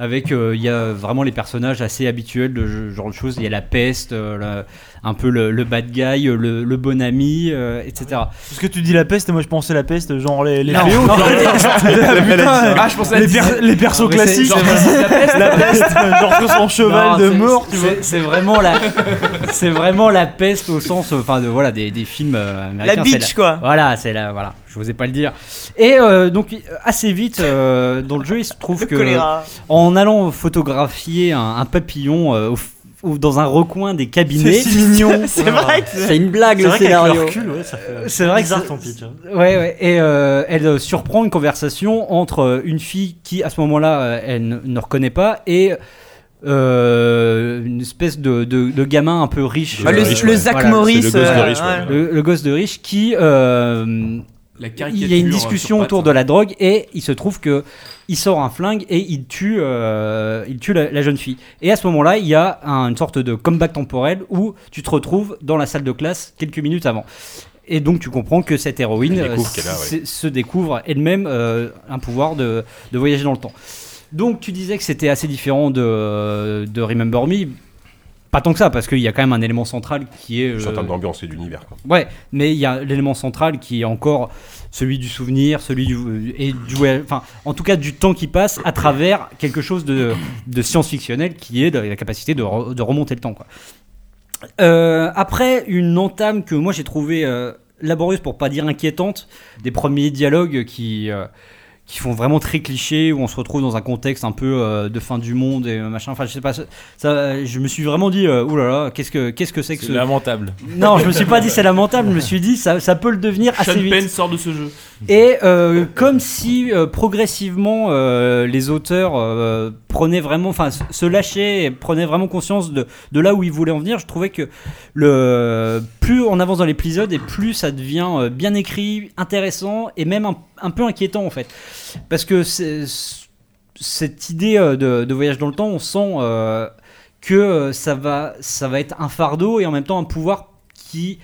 Speaker 13: avec euh, il y a vraiment les personnages assez habituels de ce genre de choses. Il y a la peste, euh, la- un peu le, le bad guy, euh, le, le bon ami, euh, etc.
Speaker 12: Parce que tu dis la peste, moi je pensais la peste, genre les, les
Speaker 13: Non,
Speaker 12: fléaux.
Speaker 13: non,
Speaker 12: tu vois.
Speaker 13: non, non,
Speaker 12: Putain,
Speaker 13: la
Speaker 12: putain,
Speaker 13: maladie. Ah, je pensais à
Speaker 12: les,
Speaker 13: la
Speaker 12: per-
Speaker 13: Disney.
Speaker 12: les persos
Speaker 13: Non, mais c'est-
Speaker 12: classiques.
Speaker 13: genre, c'est la peste.
Speaker 12: La peste, genre son cheval
Speaker 13: Non,
Speaker 12: de
Speaker 13: c'est-
Speaker 12: mort. tu
Speaker 13: c'est- C'est vraiment la, c'est vraiment la peste au sens, enfin de voilà des, des films euh, américains.
Speaker 12: La
Speaker 13: c'est
Speaker 12: bitch, quoi.
Speaker 13: Voilà, c'est la voilà. Je n'osais pas le dire. Et euh, donc assez vite euh, dans le jeu, il se trouve que
Speaker 12: choléra.
Speaker 13: en allant photographier un, un papillon euh, au f- ou dans un recoin des cabinets.
Speaker 12: C'est si mignon. C'est vrai que- C'est une blague,
Speaker 13: C'est
Speaker 12: le
Speaker 13: vrai qu'avec
Speaker 12: scénario.
Speaker 13: leur cul, ouais, ça fait
Speaker 12: Euh,
Speaker 13: c'est vrai que
Speaker 12: bizarre,
Speaker 13: c'est-
Speaker 12: ton pitch, hein.
Speaker 13: Ouais, ouais. Et euh, elle euh, surprend une conversation entre euh, une fille qui, à ce moment-là, euh, elle ne, ne reconnaît pas et euh, une espèce de, de- de gamin un peu riche.
Speaker 6: Bah, le-
Speaker 13: Euh,
Speaker 6: le Zach Morris, C'est le gosse de riche, euh, ouais.
Speaker 13: Le, le gosse de riche qui. euh, il y a une
Speaker 10: caricature,
Speaker 13: discussion
Speaker 10: euh, sur
Speaker 13: autour de la drogue et il se trouve que il sort un flingue et il tue, euh, il tue la, la jeune fille. Et à ce moment-là, il y a un- une sorte de comeback temporel où tu te retrouves dans la salle de classe quelques minutes avant. Et donc tu comprends que cette héroïne
Speaker 2: Elle découvre
Speaker 13: euh,
Speaker 2: qu'elle a,
Speaker 13: se-
Speaker 2: ouais.
Speaker 13: se découvre elle-même euh, un pouvoir de, de voyager dans le temps. Donc tu disais que c'était assez différent de, de Remember Me. Pas tant que ça, parce qu'il y a quand même un élément central qui est...
Speaker 2: Juste en
Speaker 13: euh,
Speaker 2: termes d'ambiance et d'univers. quoi.
Speaker 13: Ouais, mais il y a l'élément central qui est encore celui du souvenir, celui du et du voy- enfin en tout cas du temps qui passe à travers quelque chose de, de science-fictionnel qui est de- la capacité de, re- de remonter le temps quoi. Euh, après une entame que moi j'ai trouvée euh, laborieuse pour pas dire inquiétante, des premiers dialogues qui euh, qui font vraiment très cliché où on se retrouve dans un contexte un peu euh, de fin du monde et euh, machin. Enfin, je sais pas, ça, ça- je me suis vraiment dit, euh, oulala, qu'est-ce que qu'est-ce que c'est que
Speaker 7: C'est
Speaker 13: ce
Speaker 7: lamentable.
Speaker 13: Non, je me suis pas dit c'est lamentable. Je me suis dit ça, ça peut le devenir assez
Speaker 7: Sean
Speaker 13: vite.
Speaker 7: Penn sort de ce jeu.
Speaker 13: Et euh, comme si euh, progressivement euh, les auteurs euh, prenaient vraiment, enfin s- se lâchaient et prenaient vraiment conscience de, de là où ils voulaient en venir, je trouvais que le plus on avance dans l'épisode et plus ça devient euh, bien écrit, intéressant et même un, un peu inquiétant en fait. Parce que c'est- cette idée euh, de, de voyage dans le temps, on sent euh, que euh, ça va, ça va être un fardeau et en même temps un pouvoir qui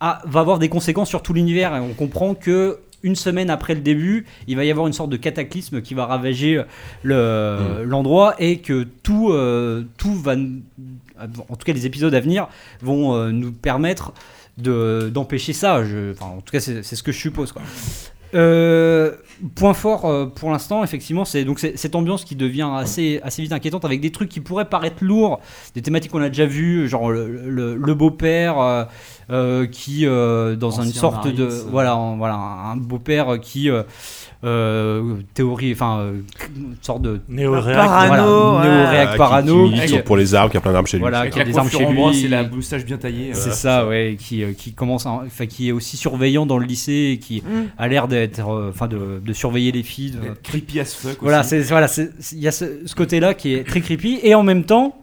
Speaker 13: a- va avoir des conséquences sur tout l'univers. Et on comprend que une semaine après le début, il va y avoir une sorte de cataclysme qui va ravager euh, le- l'endroit et que tout, euh, tout va, nous- en tout cas les épisodes à venir vont euh, nous permettre de- d'empêcher ça. Je- enfin, en tout cas, c'est c'est ce que je suppose. quoi. Euh, point fort euh, pour l'instant, effectivement, c'est donc c'est- cette ambiance qui devient assez, assez vite inquiétante avec des trucs qui pourraient paraître lourds, des thématiques qu'on a déjà vues, genre le, le- le beau-père euh, euh, qui, euh, dans
Speaker 9: Ancien
Speaker 13: une sorte de.
Speaker 9: Marines.
Speaker 13: Voilà, un- voilà, un beau-père qui. euh, euh, théorie, enfin, euh, une sorte de.
Speaker 8: Néo-réac.
Speaker 13: Parano, voilà, néo-réac
Speaker 2: Ah, qui-
Speaker 13: parano.
Speaker 2: Qui, milite
Speaker 13: qui-
Speaker 2: pour les arbres, qui a plein d'arbres chez lui.
Speaker 13: voilà,
Speaker 2: etc.
Speaker 13: qui a des armes chez lui.
Speaker 10: Ambroise, c'est la moustache bien taillée.
Speaker 13: C'est
Speaker 10: Euh,
Speaker 13: ça, ouais, qui, euh, qui commence, à- enfin, qui est aussi surveillant dans le lycée, et qui
Speaker 10: Mm.
Speaker 13: a l'air d'être, euh, enfin, de, de surveiller les filles. de-
Speaker 10: D'être creepy as fuck
Speaker 13: Voilà,
Speaker 10: aussi.
Speaker 13: c'est voilà, c'est- c'est- il y a ce, ce côté-là qui est très creepy et en même temps.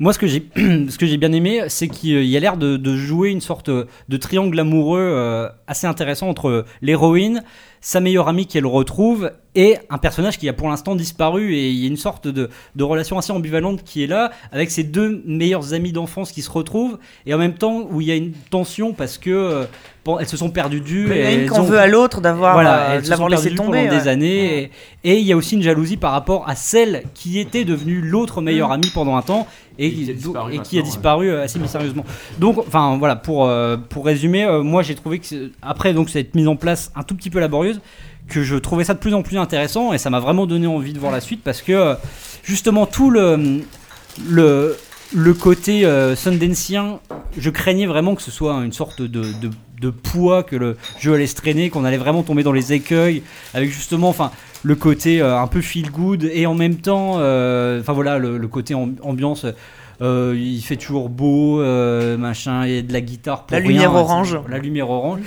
Speaker 13: Moi, ce que j'ai, ce que j'ai bien aimé, c'est qu'il euh, y a l'air de, de jouer une sorte euh, de triangle amoureux euh, assez intéressant entre euh, l'héroïne, sa meilleure amie qu'elle retrouve, et un personnage qui a pour l'instant disparu. Et il y a une sorte de, de relation assez ambivalente qui est là, avec ses deux meilleurs amis d'enfance qui se retrouvent, et en même temps où il y a une tension parce que euh, pen- elles se sont perdues du.
Speaker 6: Mais il y en a
Speaker 13: et
Speaker 6: une
Speaker 13: elles
Speaker 6: qu'on
Speaker 13: ont-
Speaker 6: veut à l'autre d'avoir, euh,
Speaker 13: voilà, elles
Speaker 6: de
Speaker 13: se
Speaker 6: l'avoir
Speaker 13: sont
Speaker 6: laissé
Speaker 13: perdues
Speaker 6: tomber,
Speaker 13: pendant
Speaker 6: ouais.
Speaker 13: des années. Et et il y a aussi une jalousie par rapport à celle qui était devenue l'autre meilleure amie pendant un temps et, qui, et qui a disparu euh, assez mystérieusement. Donc, enfin voilà, pour, euh, pour résumer, euh, moi j'ai trouvé que c'est- après donc cette mise en place un tout petit peu laborieuse, que je trouvais ça de plus en plus intéressant et ça m'a vraiment donné envie de voir la suite parce que euh, justement tout le le le côté euh, sundancien, je craignais vraiment que ce soit une sorte de, de- de poids que le jeu allait se traîner, qu'on allait vraiment tomber dans les écueils, avec justement, enfin, le côté euh, un peu feel good et en même temps, euh, enfin voilà, le, le côté amb- ambiance. euh, il fait toujours beau, euh, machin, il y a de la guitare pour
Speaker 6: La
Speaker 13: rien,
Speaker 6: lumière
Speaker 13: etc.
Speaker 6: orange.
Speaker 13: La lumière orange.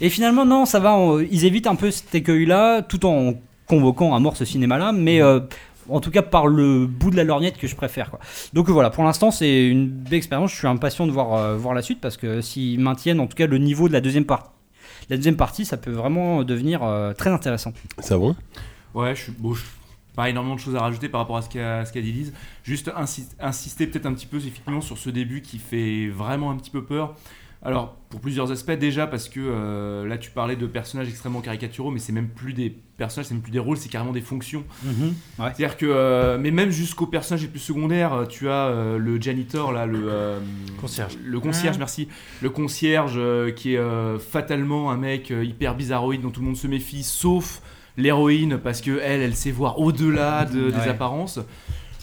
Speaker 13: Et finalement, non, ça va, on- ils évitent un peu cet écueil-là, tout en convoquant à mort ce cinéma-là, mais
Speaker 10: Mhm.
Speaker 13: euh, en tout cas par le bout de la lorgnette que je préfère. Quoi. Donc euh, voilà, pour l'instant, c'est une belle expérience. Je suis impatient de voir, euh, voir la suite parce que s'ils maintiennent en tout cas le niveau de la deuxième partie, la deuxième partie, ça peut vraiment devenir euh, très intéressant.
Speaker 2: Ça va
Speaker 10: Ouais, je suis bon, je- pas énormément de choses à rajouter par rapport à ce qu'a ce qu'a dit Lise. Juste insi- insister peut-être un petit peu effectivement sur ce début qui fait vraiment un petit peu peur. Alors, pour plusieurs aspects, déjà parce que euh, là, tu parlais de personnages extrêmement caricaturaux, mais c'est même plus des personnages, c'est même plus des rôles, c'est carrément des fonctions.
Speaker 11: Mhm, ouais.
Speaker 10: C'est-à-dire que, euh, mais même jusqu'aux personnages les plus secondaires, tu as euh, le janitor, là, le euh,
Speaker 8: Concierge.
Speaker 10: le concierge,
Speaker 8: Mhm.
Speaker 10: merci, le concierge euh, qui est euh, fatalement un mec euh, hyper bizarroïde dont tout le monde se méfie, sauf l'héroïne parce que elle, elle sait voir au-delà de- des
Speaker 11: Ouais.
Speaker 10: apparences.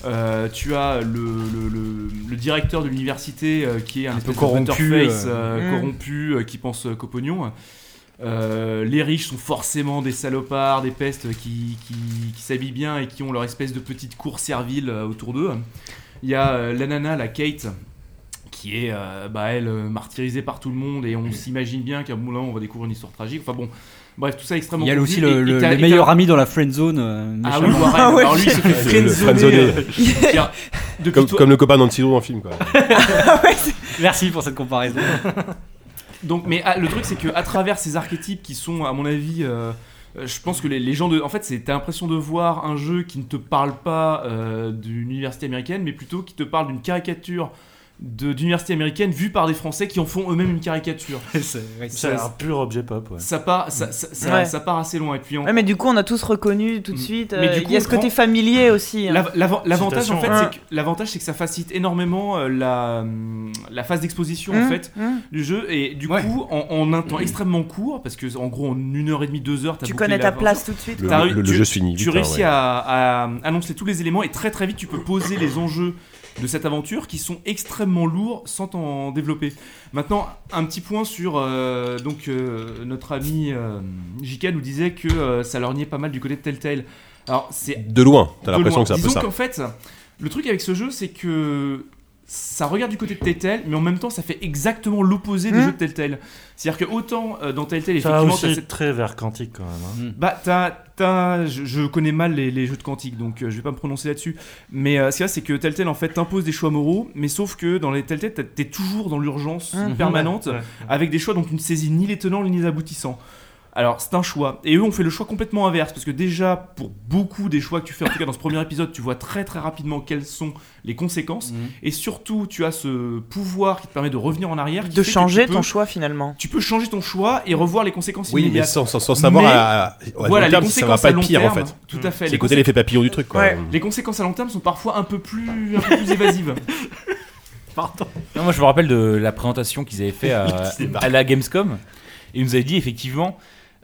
Speaker 10: Euh, tu as le, le- le- le directeur de l'université euh, qui est un, espèce de
Speaker 11: corrompu,
Speaker 10: Butterface,
Speaker 11: euh.
Speaker 10: euh,
Speaker 11: Mm.
Speaker 10: corrompu euh, qui pense euh, qu'au pognon. Euh, les riches sont forcément des salopards, des pestes qui, qui- qui s'habillent bien et qui ont leur espèce de petite cour servile euh, autour d'eux. Il y a euh, la nana, la Kate, qui est, euh, bah, elle, euh, martyrisée par tout le monde et on s'imagine bien qu'à un moment on va découvrir une histoire tragique. Enfin bon, bref, tout ça est extrêmement
Speaker 13: Il y a aussi
Speaker 10: confus et-
Speaker 13: le,
Speaker 10: et
Speaker 13: le-
Speaker 10: t'as-
Speaker 13: le
Speaker 10: et
Speaker 13: meilleur
Speaker 10: t'as-
Speaker 13: ami dans la friend zone. euh,
Speaker 10: Ah
Speaker 13: méchamment.
Speaker 10: oui, Warren, alors lui, il se fait friendzoner. Tiens, depuis
Speaker 2: Comme,
Speaker 10: toi- Ah
Speaker 2: comme le copain d'Antilo dans le film, quoi.
Speaker 13: Merci pour cette comparaison.
Speaker 10: Donc, mais ah, le truc, c'est que à travers ces archétypes qui sont, à mon avis, euh, euh, je pense que les, les gens de, en fait, c'est t'as l'impression de voir un jeu qui ne te parle pas euh, d'une université américaine, mais plutôt qui te parle d'une caricature de- d'université américaine vue par des Français qui en font eux-mêmes une caricature.
Speaker 8: c'est un pur objet pop. ouais.
Speaker 10: Ça part, ça, ça- ça-
Speaker 8: Ouais.
Speaker 10: ça part assez loin. Et puis en-
Speaker 6: Ouais, mais du coup, on a tous reconnu tout de
Speaker 10: Mm.
Speaker 6: suite.
Speaker 10: Mais
Speaker 6: euh,
Speaker 10: du
Speaker 6: Il y a
Speaker 10: coup,
Speaker 6: ce
Speaker 10: on
Speaker 6: côté
Speaker 10: prend-
Speaker 6: familier aussi. hein.
Speaker 10: L'av- l'av- L'avantage en fait,
Speaker 6: Ouais.
Speaker 10: c'est que l'avantage c'est que ça facilite énormément euh, la, hum, la phase d'exposition en
Speaker 6: Mmh,
Speaker 11: Mm,
Speaker 10: fait
Speaker 11: mm.
Speaker 10: du jeu et du coup en, en un temps
Speaker 2: Mmh.
Speaker 10: extrêmement court parce que en gros en une heure et demie deux heures t'as
Speaker 6: Tu
Speaker 10: bouclé
Speaker 6: connais ta
Speaker 10: l'aventure.
Speaker 6: place tout de suite,
Speaker 2: Le-
Speaker 10: T'as-
Speaker 2: le- le
Speaker 10: tu-
Speaker 2: jeu se finit
Speaker 10: Tu
Speaker 2: vite, hein,
Speaker 10: réussis
Speaker 2: ouais.
Speaker 10: à, à annoncer tous les éléments et très très vite tu peux poser les enjeux de cette aventure qui sont extrêmement lourds sans t'en développer. Maintenant un petit point sur euh, donc euh, notre ami euh, JK nous disait que euh, ça leur niait pas mal du côté de Telltale. Alors c'est
Speaker 2: De loin, t'as
Speaker 10: de
Speaker 2: l'impression
Speaker 10: loin.
Speaker 2: que c'est un peu
Speaker 10: Disons
Speaker 2: ça.
Speaker 10: qu'en fait, le truc avec ce jeu, c'est que ça regarde du côté de Telltale, mais en même temps, ça fait exactement l'opposé des jeux de Telltale. C'est-à-dire que autant euh, dans Telltale,
Speaker 8: Hmm. Ça
Speaker 10: effectivement, t'as
Speaker 8: aussi
Speaker 10: cette-
Speaker 8: très vers quantique quand même. hein.
Speaker 10: bah, t'as, t'as- je, je connais mal les, les jeux de quantique, donc euh, je vais pas me prononcer là-dessus. Mais euh, ce qu'il y a, c'est que Telltale, en fait, t'impose des choix moraux, mais sauf que dans les Telltale, t'as- t'es toujours dans l'urgence
Speaker 6: Ah,
Speaker 11: Mhm.
Speaker 10: permanente,
Speaker 11: Ouais, ouais.
Speaker 10: avec des choix dont tu ne saisis ni les tenants ni les aboutissants. Alors, c'est un choix. Et eux ont fait le choix complètement inverse, parce que déjà, pour beaucoup des choix que tu fais, en tout cas dans ce premier épisode, tu vois très très rapidement quelles sont les
Speaker 6: Mm.
Speaker 10: conséquences. Et surtout, tu as ce pouvoir qui te permet de revenir en arrière. qui
Speaker 6: De
Speaker 10: fait que
Speaker 6: changer
Speaker 10: tu peux-
Speaker 6: ton choix, finalement.
Speaker 10: Tu peux changer ton choix et revoir les conséquences
Speaker 2: Oui, mais
Speaker 10: immédiates.
Speaker 2: sans- sans- sans savoir à- à- à long
Speaker 10: voilà, les
Speaker 2: terme si ça va
Speaker 10: conséquences
Speaker 2: pas
Speaker 10: à
Speaker 2: être
Speaker 10: long
Speaker 2: pire, en
Speaker 10: terme,
Speaker 2: fait.
Speaker 10: Tout à fait.
Speaker 2: C'est
Speaker 10: les
Speaker 2: le côté l'effet
Speaker 10: conséquences-
Speaker 2: papillon du truc, quoi.
Speaker 10: Ouais, Les conséquences à long terme sont parfois un peu plus, un peu plus évasives. Pardon.
Speaker 7: Non, moi je me rappelle de la présentation qu'ils avaient fait à,
Speaker 10: Il débarque.
Speaker 7: à la Gamescom et ils nous avaient dit effectivement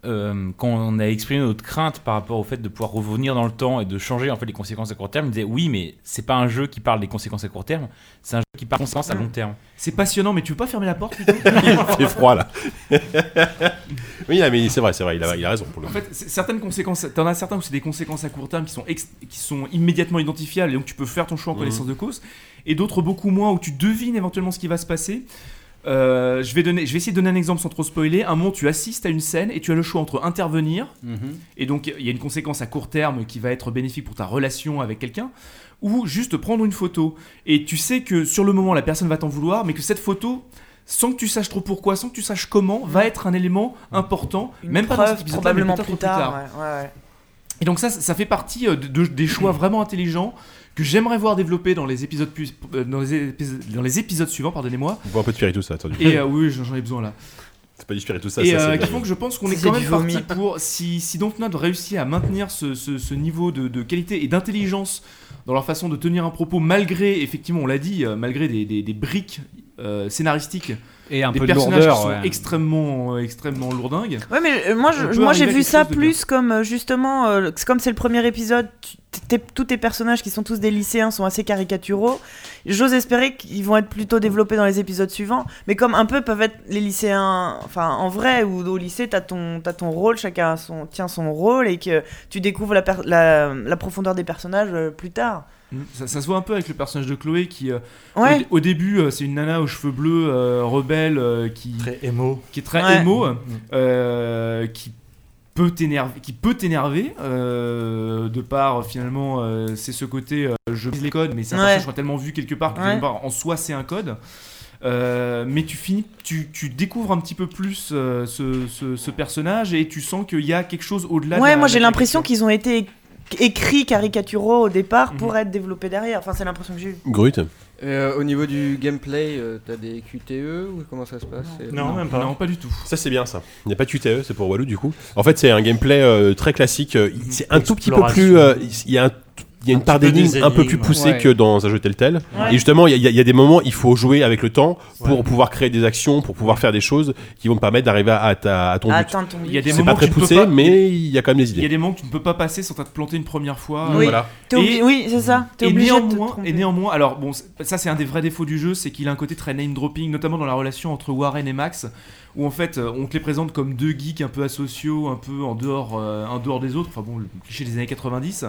Speaker 7: euh, quand on a exprimé notre crainte par rapport au fait de pouvoir revenir dans le temps et de changer en fait les conséquences à court terme, ils disaient oui mais c'est pas un jeu qui parle des conséquences à court terme, c'est un jeu qui parle des conséquences à long terme.
Speaker 10: C'est passionnant, mais tu peux pas fermer la porte plutôt
Speaker 2: Il fait froid, là. oui, ah, mais c'est vrai, c'est vrai, il a, il a raison pour le
Speaker 10: En
Speaker 2: coup.
Speaker 10: fait, c'est- certaines conséquences, t'en as certains où c'est des conséquences à court terme qui sont, ex- qui sont immédiatement identifiables et donc tu peux faire ton choix en
Speaker 2: Mmh.
Speaker 11: Mhm.
Speaker 10: connaissance de cause, et d'autres beaucoup moins où tu devines éventuellement ce qui va se passer. Euh, je, vais donner, je vais essayer de donner un exemple sans trop spoiler. Un moment, tu assistes à une scène et tu as le choix entre intervenir,
Speaker 2: Mmh.
Speaker 11: Mhm.
Speaker 10: et donc il y a une conséquence à court terme qui va être bénéfique pour ta relation avec quelqu'un, ou juste prendre une photo. Et tu sais que sur le moment, la personne va t'en vouloir, mais que cette photo, sans que tu saches trop pourquoi, sans que tu saches comment, va être un élément important,
Speaker 6: Une
Speaker 10: même pas dans
Speaker 6: preuve,
Speaker 10: cet épisode-là, mais
Speaker 6: probablement
Speaker 10: peut-être
Speaker 6: plus
Speaker 10: plus tard.
Speaker 6: tard. ouais, ouais, ouais.
Speaker 10: Et donc ça, ça fait partie euh, de- de- des choix vraiment intelligents que j'aimerais voir développer dans les épisodes plus, euh, dans les épisodes, dans les épisodes suivants, pardonnez-moi.
Speaker 2: On boit un peu de spiritus, ça, attendu.
Speaker 10: Et euh, oui, j'en j'en ai besoin là.
Speaker 2: C'est pas du spiritus, ça,
Speaker 10: et
Speaker 2: ça,
Speaker 10: euh,
Speaker 2: c'est-
Speaker 10: qui font que je pense qu'on est
Speaker 11: C'est
Speaker 10: quand
Speaker 11: du
Speaker 10: même parti
Speaker 11: vomi.
Speaker 10: pour si si Dontnod réussit à maintenir ce, ce- ce niveau de, de qualité et d'intelligence dans leur façon de tenir un propos malgré effectivement on l'a dit euh, malgré des, des- des briques euh, scénaristiques
Speaker 13: Et un
Speaker 10: des
Speaker 13: peu de
Speaker 10: personnages
Speaker 13: lourdeur,
Speaker 10: qui sont
Speaker 13: ouais.
Speaker 10: extrêmement euh, extrêmement lourdingues.
Speaker 6: Ouais, mais euh, moi,
Speaker 10: on
Speaker 6: je-
Speaker 10: peut
Speaker 6: moi j'ai
Speaker 10: arriver à
Speaker 6: vu
Speaker 10: quelque
Speaker 6: ça
Speaker 10: chose de bien.
Speaker 6: plus comme euh, justement, euh, c'est comme c'est le premier épisode, tu- t'es- tous tes personnages qui sont tous des lycéens sont assez caricaturaux. J'ose espérer qu'ils vont être plutôt développés dans les épisodes suivants, mais comme un peu peuvent être les lycéens, enfin en vrai, ou au lycée, t'as ton, t'as ton rôle, chacun a son, tient son rôle et que tu découvres la, per- la, la profondeur des personnages euh, plus tard.
Speaker 10: Mm. Ça, ça se voit un peu avec le personnage de Chloé qui, euh,
Speaker 6: Ouais.
Speaker 10: au, au début, euh, c'est une nana aux cheveux bleus, euh, rebelle, euh, qui très
Speaker 8: émo,
Speaker 10: qui est très
Speaker 11: Ouais.
Speaker 10: émo,
Speaker 11: Mm.
Speaker 10: euh, qui peut t'énerver, qui peut t'énerver euh, de par finalement, euh, c'est ce côté, euh, je brise les codes, mais c'est un
Speaker 11: Ouais.
Speaker 10: personnage qu'on a tellement vu quelque part que
Speaker 11: Ouais.
Speaker 10: quelque part, en soi c'est un code. Euh, mais tu finis, tu, tu découvres un petit peu plus euh, ce, ce- ce personnage et tu sens qu'il y a quelque chose au-delà. de
Speaker 6: Ouais,
Speaker 10: la-
Speaker 6: moi
Speaker 10: de
Speaker 6: j'ai
Speaker 10: la
Speaker 6: l'impression qu'ils ont été écrits caricaturaux au départ pour
Speaker 10: Mhm.
Speaker 6: être développés derrière. Enfin, c'est l'impression que j'ai eue.
Speaker 2: Grut.
Speaker 20: Euh, au niveau du gameplay, euh, t'as des
Speaker 5: E
Speaker 20: QTE ou comment ça se passe C'est-
Speaker 2: Non, pas du tout. Ça, c'est bien ça. Il n'y a pas de QTE, c'est pour Walou du coup. En fait, c'est un gameplay euh, très classique. euh, il- C'est un tout petit peu plus. euh, Il y a un tout- il y a une part
Speaker 11: petit peu
Speaker 2: d'énigme
Speaker 11: des
Speaker 2: un peu plus
Speaker 11: énigmes.
Speaker 2: poussée
Speaker 11: Ouais.
Speaker 2: que dans un jeu tel tel.
Speaker 11: Ouais.
Speaker 2: Et justement, il y a- il y, a- il y a des moments, il faut jouer avec le temps pour pouvoir créer des actions, pour pouvoir faire des choses qui vont te permettre d'arriver à, ta- à ton
Speaker 6: À
Speaker 2: but.
Speaker 6: atteindre ton but.
Speaker 2: Il
Speaker 6: Il y a des
Speaker 2: c'est
Speaker 10: moments
Speaker 2: pas très
Speaker 10: que tu ne peux
Speaker 2: poussé,
Speaker 10: pas-
Speaker 2: mais il y a quand même des
Speaker 10: Il y a
Speaker 2: idées.
Speaker 10: des moments que tu ne peux pas passer sans t'as te planter une première fois.
Speaker 2: Oui. Voilà.
Speaker 6: T'es obli- oui, c'est ça. T'es
Speaker 10: et
Speaker 6: obligé de te
Speaker 10: néanmoins, et néanmoins, alors bon, c'est- ça c'est un des vrais défauts du jeu, c'est qu'il a un côté très name dropping, notamment dans la relation entre Warren et Max, où en fait euh, on te les présente comme deux geeks un peu asociaux, un peu en dehors, euh, en dehors des autres. Enfin bon, le cliché des années 90.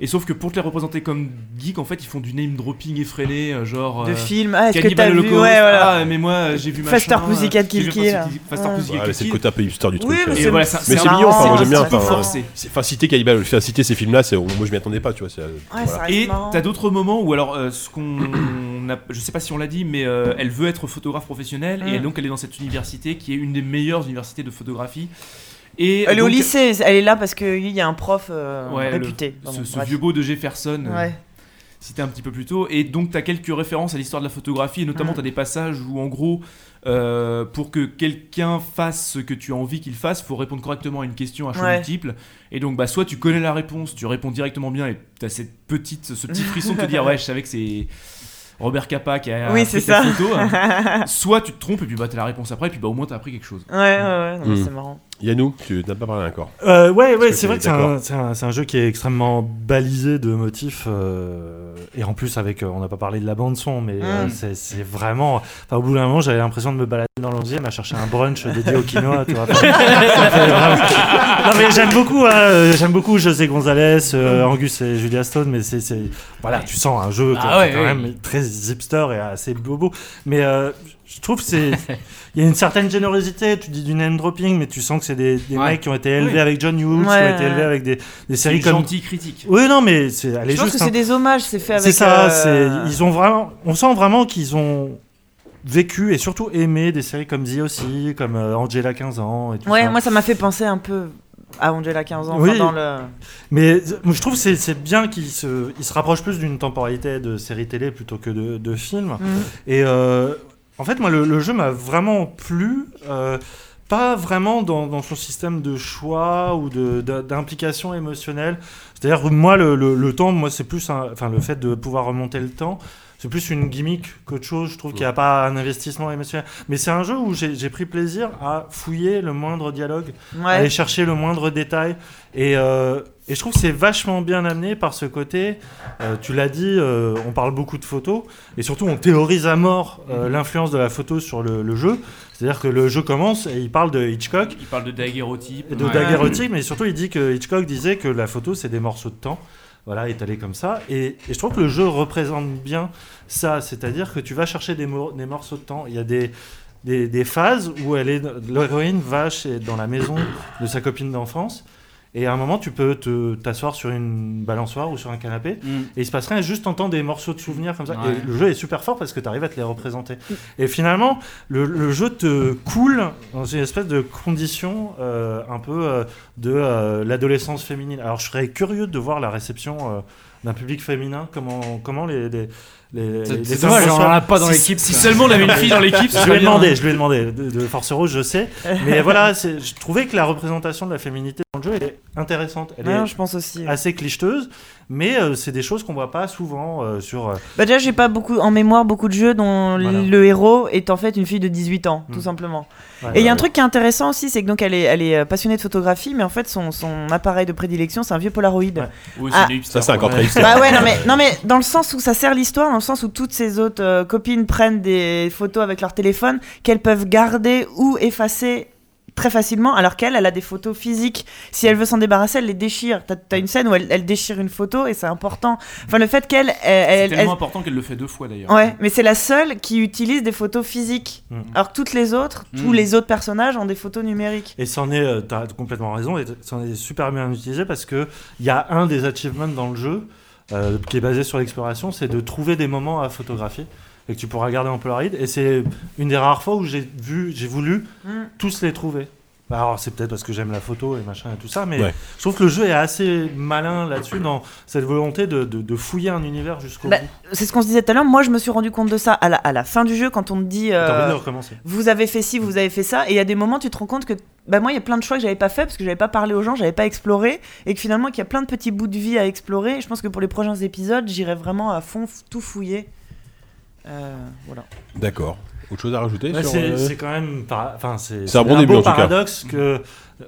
Speaker 10: Et sauf que pour te les représenter comme geeks, en fait ils font du name dropping effréné, euh, genre.
Speaker 6: De
Speaker 10: euh,
Speaker 6: films. Ah, est-ce que
Speaker 10: Cannibal
Speaker 6: t'as vu
Speaker 10: Holocaust.
Speaker 6: Ouais, voilà.
Speaker 10: Ah, mais moi euh, j'ai vu machin.
Speaker 6: Faster Pussycat Ah.
Speaker 10: euh, j'ai vu
Speaker 6: Kill Kill.
Speaker 10: Faster Pussycat
Speaker 6: Ouais.
Speaker 10: Kill
Speaker 2: Ouais, mais c'est le
Speaker 10: Kill.
Speaker 2: côté un peu hipster du
Speaker 10: Oui,
Speaker 2: truc.
Speaker 10: mais
Speaker 2: euh,
Speaker 10: c'est-
Speaker 2: voilà,
Speaker 10: c'est-
Speaker 2: mais
Speaker 10: c'est
Speaker 2: c'est mignon,
Speaker 10: marrant,
Speaker 2: enfin, moi j'aime
Speaker 10: c'est
Speaker 2: bien.
Speaker 10: un petit peu
Speaker 2: enfin, euh,
Speaker 10: forcé.
Speaker 2: c'est- Enfin, citer Cannibal, enfin, citer ces films-là, c'est- moi je m'y attendais pas, tu vois. c'est- euh, voilà.
Speaker 10: Et t'as d'autres moments où alors euh, ce qu'on a, je sais pas si on l'a dit, mais euh, elle veut être photographe professionnelle et
Speaker 6: Mm.
Speaker 10: donc elle est dans cette université qui est une des meilleures universités de photographie. Et
Speaker 6: Elle est au
Speaker 10: donc-
Speaker 6: lycée, elle est là parce qu'il y a un prof euh,
Speaker 10: Ouais, le-
Speaker 6: réputé.
Speaker 10: ce-
Speaker 6: Pardon,
Speaker 10: ce
Speaker 6: bref.
Speaker 10: vieux beau de Jefferson. euh,
Speaker 6: Ouais.
Speaker 10: Cité un petit peu plus tôt. Et donc, tu as quelques références à l'histoire de la photographie, et notamment,
Speaker 6: Ah.
Speaker 11: Mm.
Speaker 10: tu as des passages où, en gros, euh, pour que quelqu'un fasse ce que tu as envie qu'il fasse, faut répondre correctement à une question à choix
Speaker 11: Ouais.
Speaker 10: multiple. Et donc, bah, soit tu connais la réponse, tu réponds directement bien, et tu as cette petite, ce petit frisson de te dire, ouais, je savais que c'est. Robert Capa qui a
Speaker 6: Oui, c'est
Speaker 10: fait cette
Speaker 6: ça.
Speaker 10: photo. hein. Soit tu te trompes et puis bah t'as la réponse après et puis bah au moins t'as appris quelque chose.
Speaker 6: Ouais, ouais, ouais, non, mais
Speaker 2: Hmm.
Speaker 6: c'est marrant.
Speaker 2: Yannou, tu n'as pas parlé encore.
Speaker 8: Euh, ouais,
Speaker 2: Parce
Speaker 8: ouais, c'est
Speaker 2: tu
Speaker 8: vrai
Speaker 2: es
Speaker 8: que c'est
Speaker 2: d'accord.
Speaker 8: un, c'est un- c'est un jeu qui est extrêmement balisé de motifs. euh, et en plus, avec, euh, on n'a pas parlé de la bande-son, mais euh,
Speaker 11: Mm.
Speaker 8: c'est- c'est vraiment. Enfin, au bout d'un moment, j'avais l'impression de me balader dans l'onzième à chercher un brunch dédié au quinoa, tu vois. Enfin, ça fait vraiment- non, mais j'aime beaucoup, hein, euh, j'aime beaucoup José González, euh, Angus et Julia Stone, mais c'est. c'est- Voilà, tu sens un jeu qui
Speaker 11: Hmm. Ah
Speaker 8: est
Speaker 11: ouais,
Speaker 8: quand
Speaker 11: ouais.
Speaker 8: même très hipster et assez bobo. Mais euh, je trouve que c'est. Il y a une certaine générosité, tu dis du name dropping, mais tu sens que c'est des, des
Speaker 11: Ouais.
Speaker 8: mecs qui ont été élevés
Speaker 11: Oui.
Speaker 8: avec John Hughes, qui
Speaker 6: Ouais.
Speaker 8: ont été élevés avec des, des séries
Speaker 10: une
Speaker 8: comme.
Speaker 10: gentille critique.
Speaker 8: Oui, non, mais c'est. Elle est
Speaker 6: Je pense
Speaker 8: juste.
Speaker 6: que c'est
Speaker 8: hein.
Speaker 6: des hommages, c'est fait avec.
Speaker 8: C'est
Speaker 6: euh,
Speaker 8: ça, c'est- ils ont vraiment, on sent vraiment qu'ils ont vécu et surtout aimé des séries comme The aussi, comme euh, Angela 15 ans et tout
Speaker 6: Ouais,
Speaker 8: ça.
Speaker 6: moi ça m'a fait penser un peu à Angela 15 ans. enfin,
Speaker 8: Oui.
Speaker 6: dans le...
Speaker 8: Mais euh, moi, je trouve que c'est- c'est bien qu'ils se, ils se rapprochent plus d'une temporalité de série télé plutôt que de, de film.
Speaker 6: Mm.
Speaker 12: Mm.
Speaker 8: Et euh, en fait, moi, le, le jeu m'a vraiment plu. euh, pas vraiment dans, dans son système de choix ou de- d'im- d'implication émotionnelle. C'est-à-dire que moi, le, le- le temps, moi, c'est plus, un- enfin, le fait de pouvoir remonter le temps, c'est plus une gimmick qu'autre chose. Je trouve qu'il n'y a pas un investissement émotionnel. Mais c'est un jeu où j'ai j'ai pris plaisir à fouiller le moindre dialogue,
Speaker 11: Ouais.
Speaker 8: à aller chercher le moindre détail. Et, euh, et je trouve que c'est vachement bien amené par ce côté. euh, tu l'as dit, euh, on parle beaucoup de photos. Et surtout, on théorise à mort euh, l'influence de la photo sur le, le jeu. C'est-à-dire que le jeu commence et il parle de Hitchcock.
Speaker 10: Il parle de daguerreotype.
Speaker 8: De
Speaker 10: Ouais.
Speaker 8: daguerreotype, mais surtout, il dit que Hitchcock disait que la photo, c'est des morceaux de temps. Voilà, étalés comme ça. Et, et je trouve que le jeu représente bien ça. C'est-à-dire que tu vas chercher des, mor- des morceaux de temps. Il y a des. Des, des phases où elle est l'héroïne va chez, dans la maison de sa copine d'enfance et à un moment tu peux te- t'asseoir sur une balançoire ou sur un canapé et il se passe rien juste entendre des morceaux de souvenirs comme ça
Speaker 11: Ouais.
Speaker 8: et le jeu est super fort parce que tu arrives à te les représenter et finalement le, le jeu te coule dans une espèce de condition euh, un peu euh, de euh, l'adolescence féminine alors je serais curieux de voir la réception euh, d'un public féminin comment comment les, les les,
Speaker 11: C'est-
Speaker 8: les
Speaker 11: c'est
Speaker 8: femmes
Speaker 11: dommage,
Speaker 8: reçoivent-
Speaker 11: on en a pas dans
Speaker 8: Si-
Speaker 11: l'équipe,
Speaker 8: Si
Speaker 11: ça.
Speaker 8: seulement on avait une fille dans l'équipe,
Speaker 11: ce
Speaker 8: je lui
Speaker 11: serait
Speaker 8: ai
Speaker 11: bien.
Speaker 8: demandé, je lui ai demandé de, de Force Rose, je sais. Mais voilà, c'est- je trouvais que la représentation de la féminité dans le jeu elle est intéressante. Elle
Speaker 6: Ouais,
Speaker 8: est
Speaker 6: je pense aussi.
Speaker 8: assez clicheteuse, mais euh, c'est des choses qu'on voit pas souvent euh, sur. euh,
Speaker 6: Bah déjà, j'ai pas beaucoup en mémoire beaucoup de jeux dont
Speaker 8: Voilà.
Speaker 6: le héros est en fait une fille de 18 ans, tout
Speaker 10: Hmm.
Speaker 8: Mm.
Speaker 6: simplement.
Speaker 8: Ouais,
Speaker 6: et il y a
Speaker 8: ouais,
Speaker 6: un truc qui est intéressant aussi, c'est que donc elle est, elle est euh, passionnée de photographie, mais en fait son, son appareil de prédilection, c'est un vieux Polaroid.
Speaker 10: Oui,
Speaker 6: Ah.
Speaker 10: des hipsters.
Speaker 2: Ça, c'est encore très hipster.
Speaker 6: Bah ouais, non mais, non mais dans le sens où ça sert l'histoire, dans le sens où toutes ces autres euh, copines prennent des photos avec leur téléphone qu'elles peuvent garder ou effacer très facilement, alors qu'elle, elle a des photos physiques. Si elle veut s'en débarrasser, elle les déchire. T'as t'as une scène où elle, elle déchire une photo et c'est important. Enfin, le fait qu'elle...
Speaker 10: C'est
Speaker 6: Elle, elle-
Speaker 10: tellement
Speaker 6: elle-
Speaker 10: important qu'elle le fait deux fois d'ailleurs.
Speaker 6: Ouais, mais c'est la seule qui utilise des photos physiques.
Speaker 8: Mm.
Speaker 6: Alors que toutes les autres, tous
Speaker 8: Mm.
Speaker 6: les autres personnages ont des photos numériques.
Speaker 8: Et c'en est, euh, t'as complètement raison, et c'en est super bien utilisé parce que il y a un des achievements dans le jeu euh, qui est basé sur l'exploration, c'est de trouver des moments à photographier et que tu pourras garder en Polaroid. Et c'est une des rares fois où j'ai vu, j'ai voulu
Speaker 6: Mm.
Speaker 8: tous les trouver. Bah, alors, c'est peut-être parce que j'aime la photo et machin et tout ça, mais
Speaker 2: Ouais.
Speaker 8: je trouve que le jeu est assez malin là-dessus, dans cette volonté de, de- de fouiller un univers jusqu'au
Speaker 6: Bah,
Speaker 8: bout.
Speaker 6: c'est ce qu'on se disait tout à l'heure. Moi, je me suis rendu compte de ça à la, à la fin du jeu quand on me dit euh,
Speaker 8: T'as envie de recommencer.
Speaker 6: vous avez fait ci, vous avez fait ça. Et il y a des moments, tu te rends compte que bah, moi, il y a plein de choix que j'avais pas fait parce que j'avais pas parlé aux gens, j'avais pas exploré. Et que finalement, qu'il y a plein de petits bouts de vie à explorer. Et je pense que pour les prochains épisodes, j'irai vraiment à fond f- tout fouiller. Euh, voilà.
Speaker 2: D'accord. Autre chose à rajouter
Speaker 8: Bah,
Speaker 2: sur,
Speaker 8: c'est
Speaker 2: euh,
Speaker 8: c'est quand même par- enfin c'est
Speaker 2: C'est un bon début,
Speaker 8: beau
Speaker 2: en tout cas.
Speaker 8: paradoxe que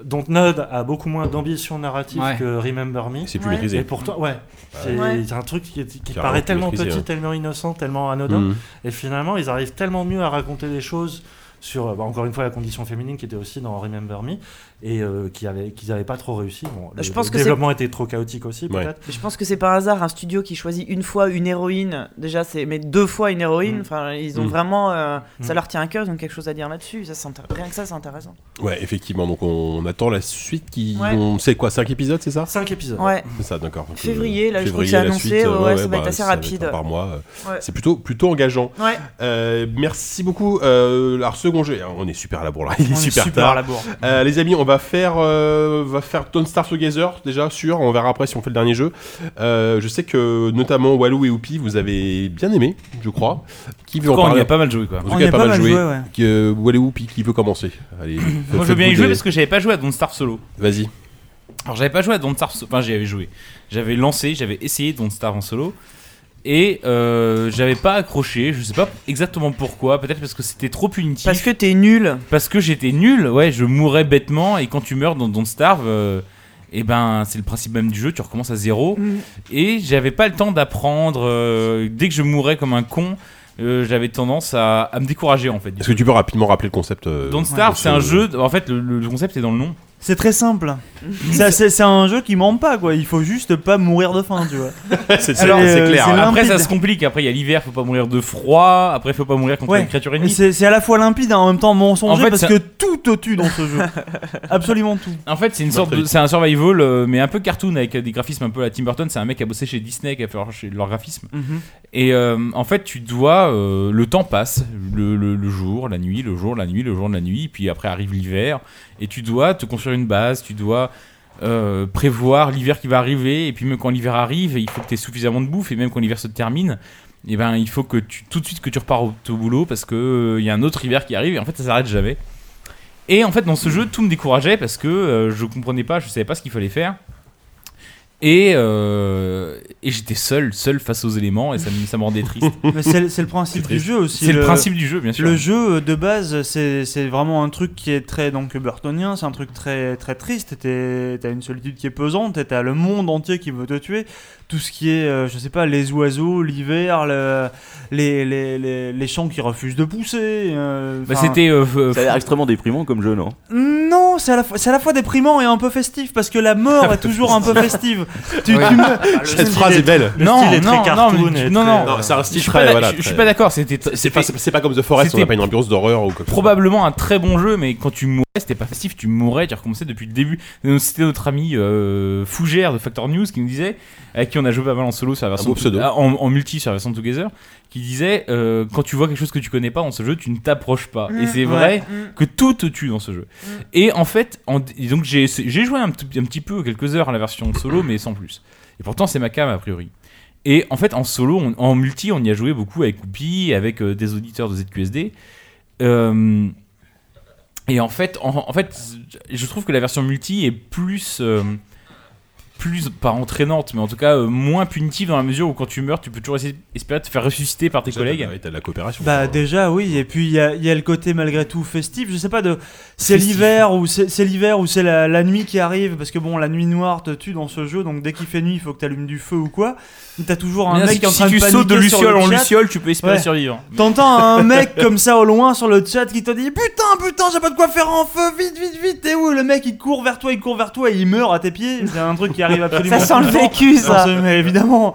Speaker 8: Dontnod a beaucoup moins d'ambition narrative
Speaker 2: Ouais.
Speaker 8: que Remember Me.
Speaker 2: C'est plus Ouais. maîtrisé.
Speaker 8: Et pourtant ouais, c'est
Speaker 2: Ouais.
Speaker 8: c'est un truc qui, est- qui
Speaker 2: Qui a
Speaker 8: paraît
Speaker 2: été
Speaker 8: tellement
Speaker 2: maîtrisé,
Speaker 8: petit,
Speaker 2: ouais.
Speaker 8: tellement innocent, tellement anodin
Speaker 2: Mhm.
Speaker 8: et finalement ils arrivent tellement mieux à raconter des choses sur euh, bah, encore une fois la condition féminine qui était aussi dans Remember Me et euh, qui avait qu'ils n'avaient pas trop réussi. Bon, le,
Speaker 6: Je pense
Speaker 8: le
Speaker 6: que c'est-
Speaker 8: développement était trop chaotique aussi peut-être.
Speaker 6: Je pense que c'est par hasard un studio qui choisit une fois une héroïne. Déjà, c'est mais deux fois une héroïne. Enfin, ils ont
Speaker 2: Mm.
Speaker 6: vraiment euh, ça
Speaker 2: Mm.
Speaker 6: leur tient à cœur. Ils ont quelque chose à dire là-dessus. Ça, c'est intér- rien que ça, c'est intéressant.
Speaker 2: Ouais, effectivement. Donc on, on attend la suite qui.
Speaker 6: Ouais.
Speaker 2: On sait quoi 5 épisodes, c'est ça
Speaker 8: 5 épisodes.
Speaker 6: Ouais.
Speaker 2: C'est ça, d'accord. Donc, euh,
Speaker 6: Février, là, je crois que
Speaker 2: février,
Speaker 6: c'est
Speaker 2: la
Speaker 6: annoncé,
Speaker 2: suite,
Speaker 6: ouais,
Speaker 2: euh,
Speaker 6: ouais, ça va être assez
Speaker 2: ça
Speaker 6: rapide.
Speaker 2: un par mois. euh,
Speaker 6: Ouais.
Speaker 2: C'est plutôt, plutôt engageant.
Speaker 6: Ouais.
Speaker 2: Euh, merci beaucoup. Euh, alors, second jeu, hein, on est super à la bourre là. Il est
Speaker 12: On est
Speaker 2: super,
Speaker 12: super
Speaker 2: tard.
Speaker 12: à la bourre.
Speaker 2: Euh, les amis, on va faire, euh, va faire Don't Starve Together déjà, sûr. On verra après si on fait le dernier jeu. Euh, je sais que notamment Walou et Oupi, vous avez bien aimé, je crois. Qui veut
Speaker 7: En tout cas,
Speaker 2: en
Speaker 7: on
Speaker 2: parler
Speaker 7: y a pas mal joué, quoi.
Speaker 2: En tout
Speaker 7: On
Speaker 2: cas,
Speaker 7: y a pas mal joué,
Speaker 2: joué.
Speaker 7: ouais.
Speaker 2: Que- Walou et Oupi, qui veut commencer Allez,
Speaker 7: Moi, je veux bien y jouer parce que j'avais pas joué à Don't Starve Solo.
Speaker 2: Vas-y.
Speaker 7: Alors j'avais pas joué à Don't Starve, so- enfin j'y avais joué. J'avais lancé, j'avais essayé Don't Starve en solo et euh, j'avais pas accroché. Je sais pas exactement pourquoi. Peut-être parce que c'était trop punitif. Parce que
Speaker 6: t'es nul.
Speaker 7: Parce que j'étais nul. Ouais, je mourais bêtement et quand tu meurs dans Don't Starve. euh, eh ben, c'est le principe même du jeu, tu recommences à zéro. Et j'avais pas le temps d'apprendre. euh, dès que je mourais comme un con, euh, j'avais tendance à, à me décourager en fait. du
Speaker 2: Est-ce que tu peux rapidement rappeler le concept euh,
Speaker 7: Don't Starve, c'est un jeu. En fait, le, le concept est dans le nom.
Speaker 12: C'est très simple. Ça, c'est c'est un jeu qui ment pas, quoi. Il faut juste pas mourir de faim, tu vois. Alors, euh,
Speaker 7: Après,
Speaker 12: limpide.
Speaker 7: ça se complique. Après, il y a l'hiver, faut pas mourir de froid. Après, faut pas mourir contre
Speaker 12: Ouais.
Speaker 7: une créature
Speaker 12: Et
Speaker 7: ennemie.
Speaker 12: C'est c'est à la fois limpide et en même temps mensonger
Speaker 7: En fait,
Speaker 12: parce
Speaker 7: ça-
Speaker 12: que tout te tue dans ce jeu. Absolument tout.
Speaker 7: En fait, c'est une sorte de- c'est un survival, euh, mais un peu cartoon avec euh, des graphismes un peu à la Tim Burton. C'est un mec qui a bossé chez Disney, qui a fait leur, chez leur graphisme.
Speaker 12: Mhm.
Speaker 7: Et euh, en fait, tu dois. euh, le temps passe, le, le- le jour, la nuit, le jour, la nuit, le jour, la nuit. Puis après arrive l'hiver, et tu dois te construire une base. Tu dois euh, prévoir l'hiver qui va arriver. Et puis même quand l'hiver arrive, il faut que tu aies suffisamment de bouffe. Et même quand l'hiver se termine, et ben il faut que tu tout de suite que tu repars au, au boulot parce que euh, il y a un autre hiver qui arrive. Et en fait, ça s'arrête jamais. Et en fait, dans ce jeu, tout me décourageait parce que euh, je comprenais pas, je savais pas ce qu'il fallait faire. Et, euh, et j'étais seul, seul face aux éléments, et ça, me- ça me rendait triste.
Speaker 12: Mais c'est le- c'est le principe du
Speaker 7: triste.
Speaker 12: jeu aussi.
Speaker 7: C'est le principe du jeu, bien sûr.
Speaker 12: Le jeu euh, de base, c'est c'est vraiment un truc qui est très donc burtonien, c'est un truc très très triste. T'es- T'as une solitude qui est pesante, et t'as le monde entier qui veut te tuer. Tout ce qui est, euh, je sais pas, les oiseaux, l'hiver, le- les, les, les, les champs qui refusent de pousser. euh,
Speaker 11: Bah,
Speaker 12: enfin-
Speaker 11: c'était, Ça a l'air extrêmement déprimant comme jeu, non
Speaker 12: Non, c'est à, la fois- c'est à la fois déprimant et un peu festif parce que la mort est toujours un peu festive. Tu-
Speaker 7: Ah,
Speaker 12: tu me-
Speaker 2: Cette phrase est belle.
Speaker 7: non, non, non, mais- non, non,
Speaker 2: Non, c'est un style
Speaker 7: je suis
Speaker 2: très,
Speaker 7: pas,
Speaker 2: voilà,
Speaker 7: je- je suis
Speaker 2: très-
Speaker 7: pas d'accord. C'était,
Speaker 2: C'est pas, c'est pas comme The Forest, on
Speaker 7: c'était
Speaker 2: n'a pas une ambiance d'horreur ou quoi. que ce soit.
Speaker 7: probablement un très bon jeu, mais quand tu mourais, c'était pas facile, tu mourais, tu recommençais depuis le début. Donc, C'était notre ami euh, Fougère de Factor News qui nous disait, avec qui on a joué pas mal en solo sur la version
Speaker 2: beau pseudo.
Speaker 7: ah, en, en multi sur la version Together, qui disait euh, quand tu vois quelque chose que tu connais pas dans ce jeu, tu ne t'approches pas.
Speaker 12: Mm,
Speaker 7: et c'est
Speaker 12: ouais.
Speaker 7: vrai
Speaker 12: Mm.
Speaker 7: que tout te tue dans ce jeu. Et en fait, en- et donc j'ai j'ai joué un, petit- un petit peu, quelques heures à la version solo, mais sans plus. Et pourtant, c'est ma cam a priori. Et en fait, en solo, on- en multi, on y a joué beaucoup avec Oupi, avec euh, des auditeurs de ZQSD. Euh, et en fait, en, en fait, je trouve que la version multi est plus, euh, plus pas entraînante, mais en tout cas euh, moins punitive dans la mesure où quand tu meurs, tu peux toujours essayer, espérer te faire ressusciter par tes collègues.
Speaker 2: t'as de la coopération.
Speaker 12: Bah déjà oui et puis il y a, il y a le côté malgré tout festif je sais pas de c'est
Speaker 7: Festif.
Speaker 12: l'hiver ou c'est c'est l'hiver ou c'est la, la nuit qui arrive parce que bon la nuit noire te tue dans ce jeu donc dès qu'il fait nuit il faut que t'allumes du feu ou quoi Mais t'as toujours un
Speaker 7: Mais là,
Speaker 12: mec
Speaker 7: si-
Speaker 12: qui est en
Speaker 7: si
Speaker 12: train
Speaker 7: tu
Speaker 12: de
Speaker 7: sautes de
Speaker 12: paniquer sur
Speaker 7: luciole
Speaker 12: le
Speaker 7: en
Speaker 12: chat.
Speaker 7: luciole, tu peux espérer survivre.
Speaker 12: t'entends un mec comme ça au loin sur le chat qui te dit putain putain j'ai pas de quoi faire en feu vite vite vite t'es où Et le mec il court vers toi il court vers toi et il meurt à tes pieds c'est un truc qui arrive absolument
Speaker 6: Ça sent le
Speaker 12: tout temps
Speaker 6: vécu,
Speaker 12: dans
Speaker 6: ça.
Speaker 12: ce- mais évidemment.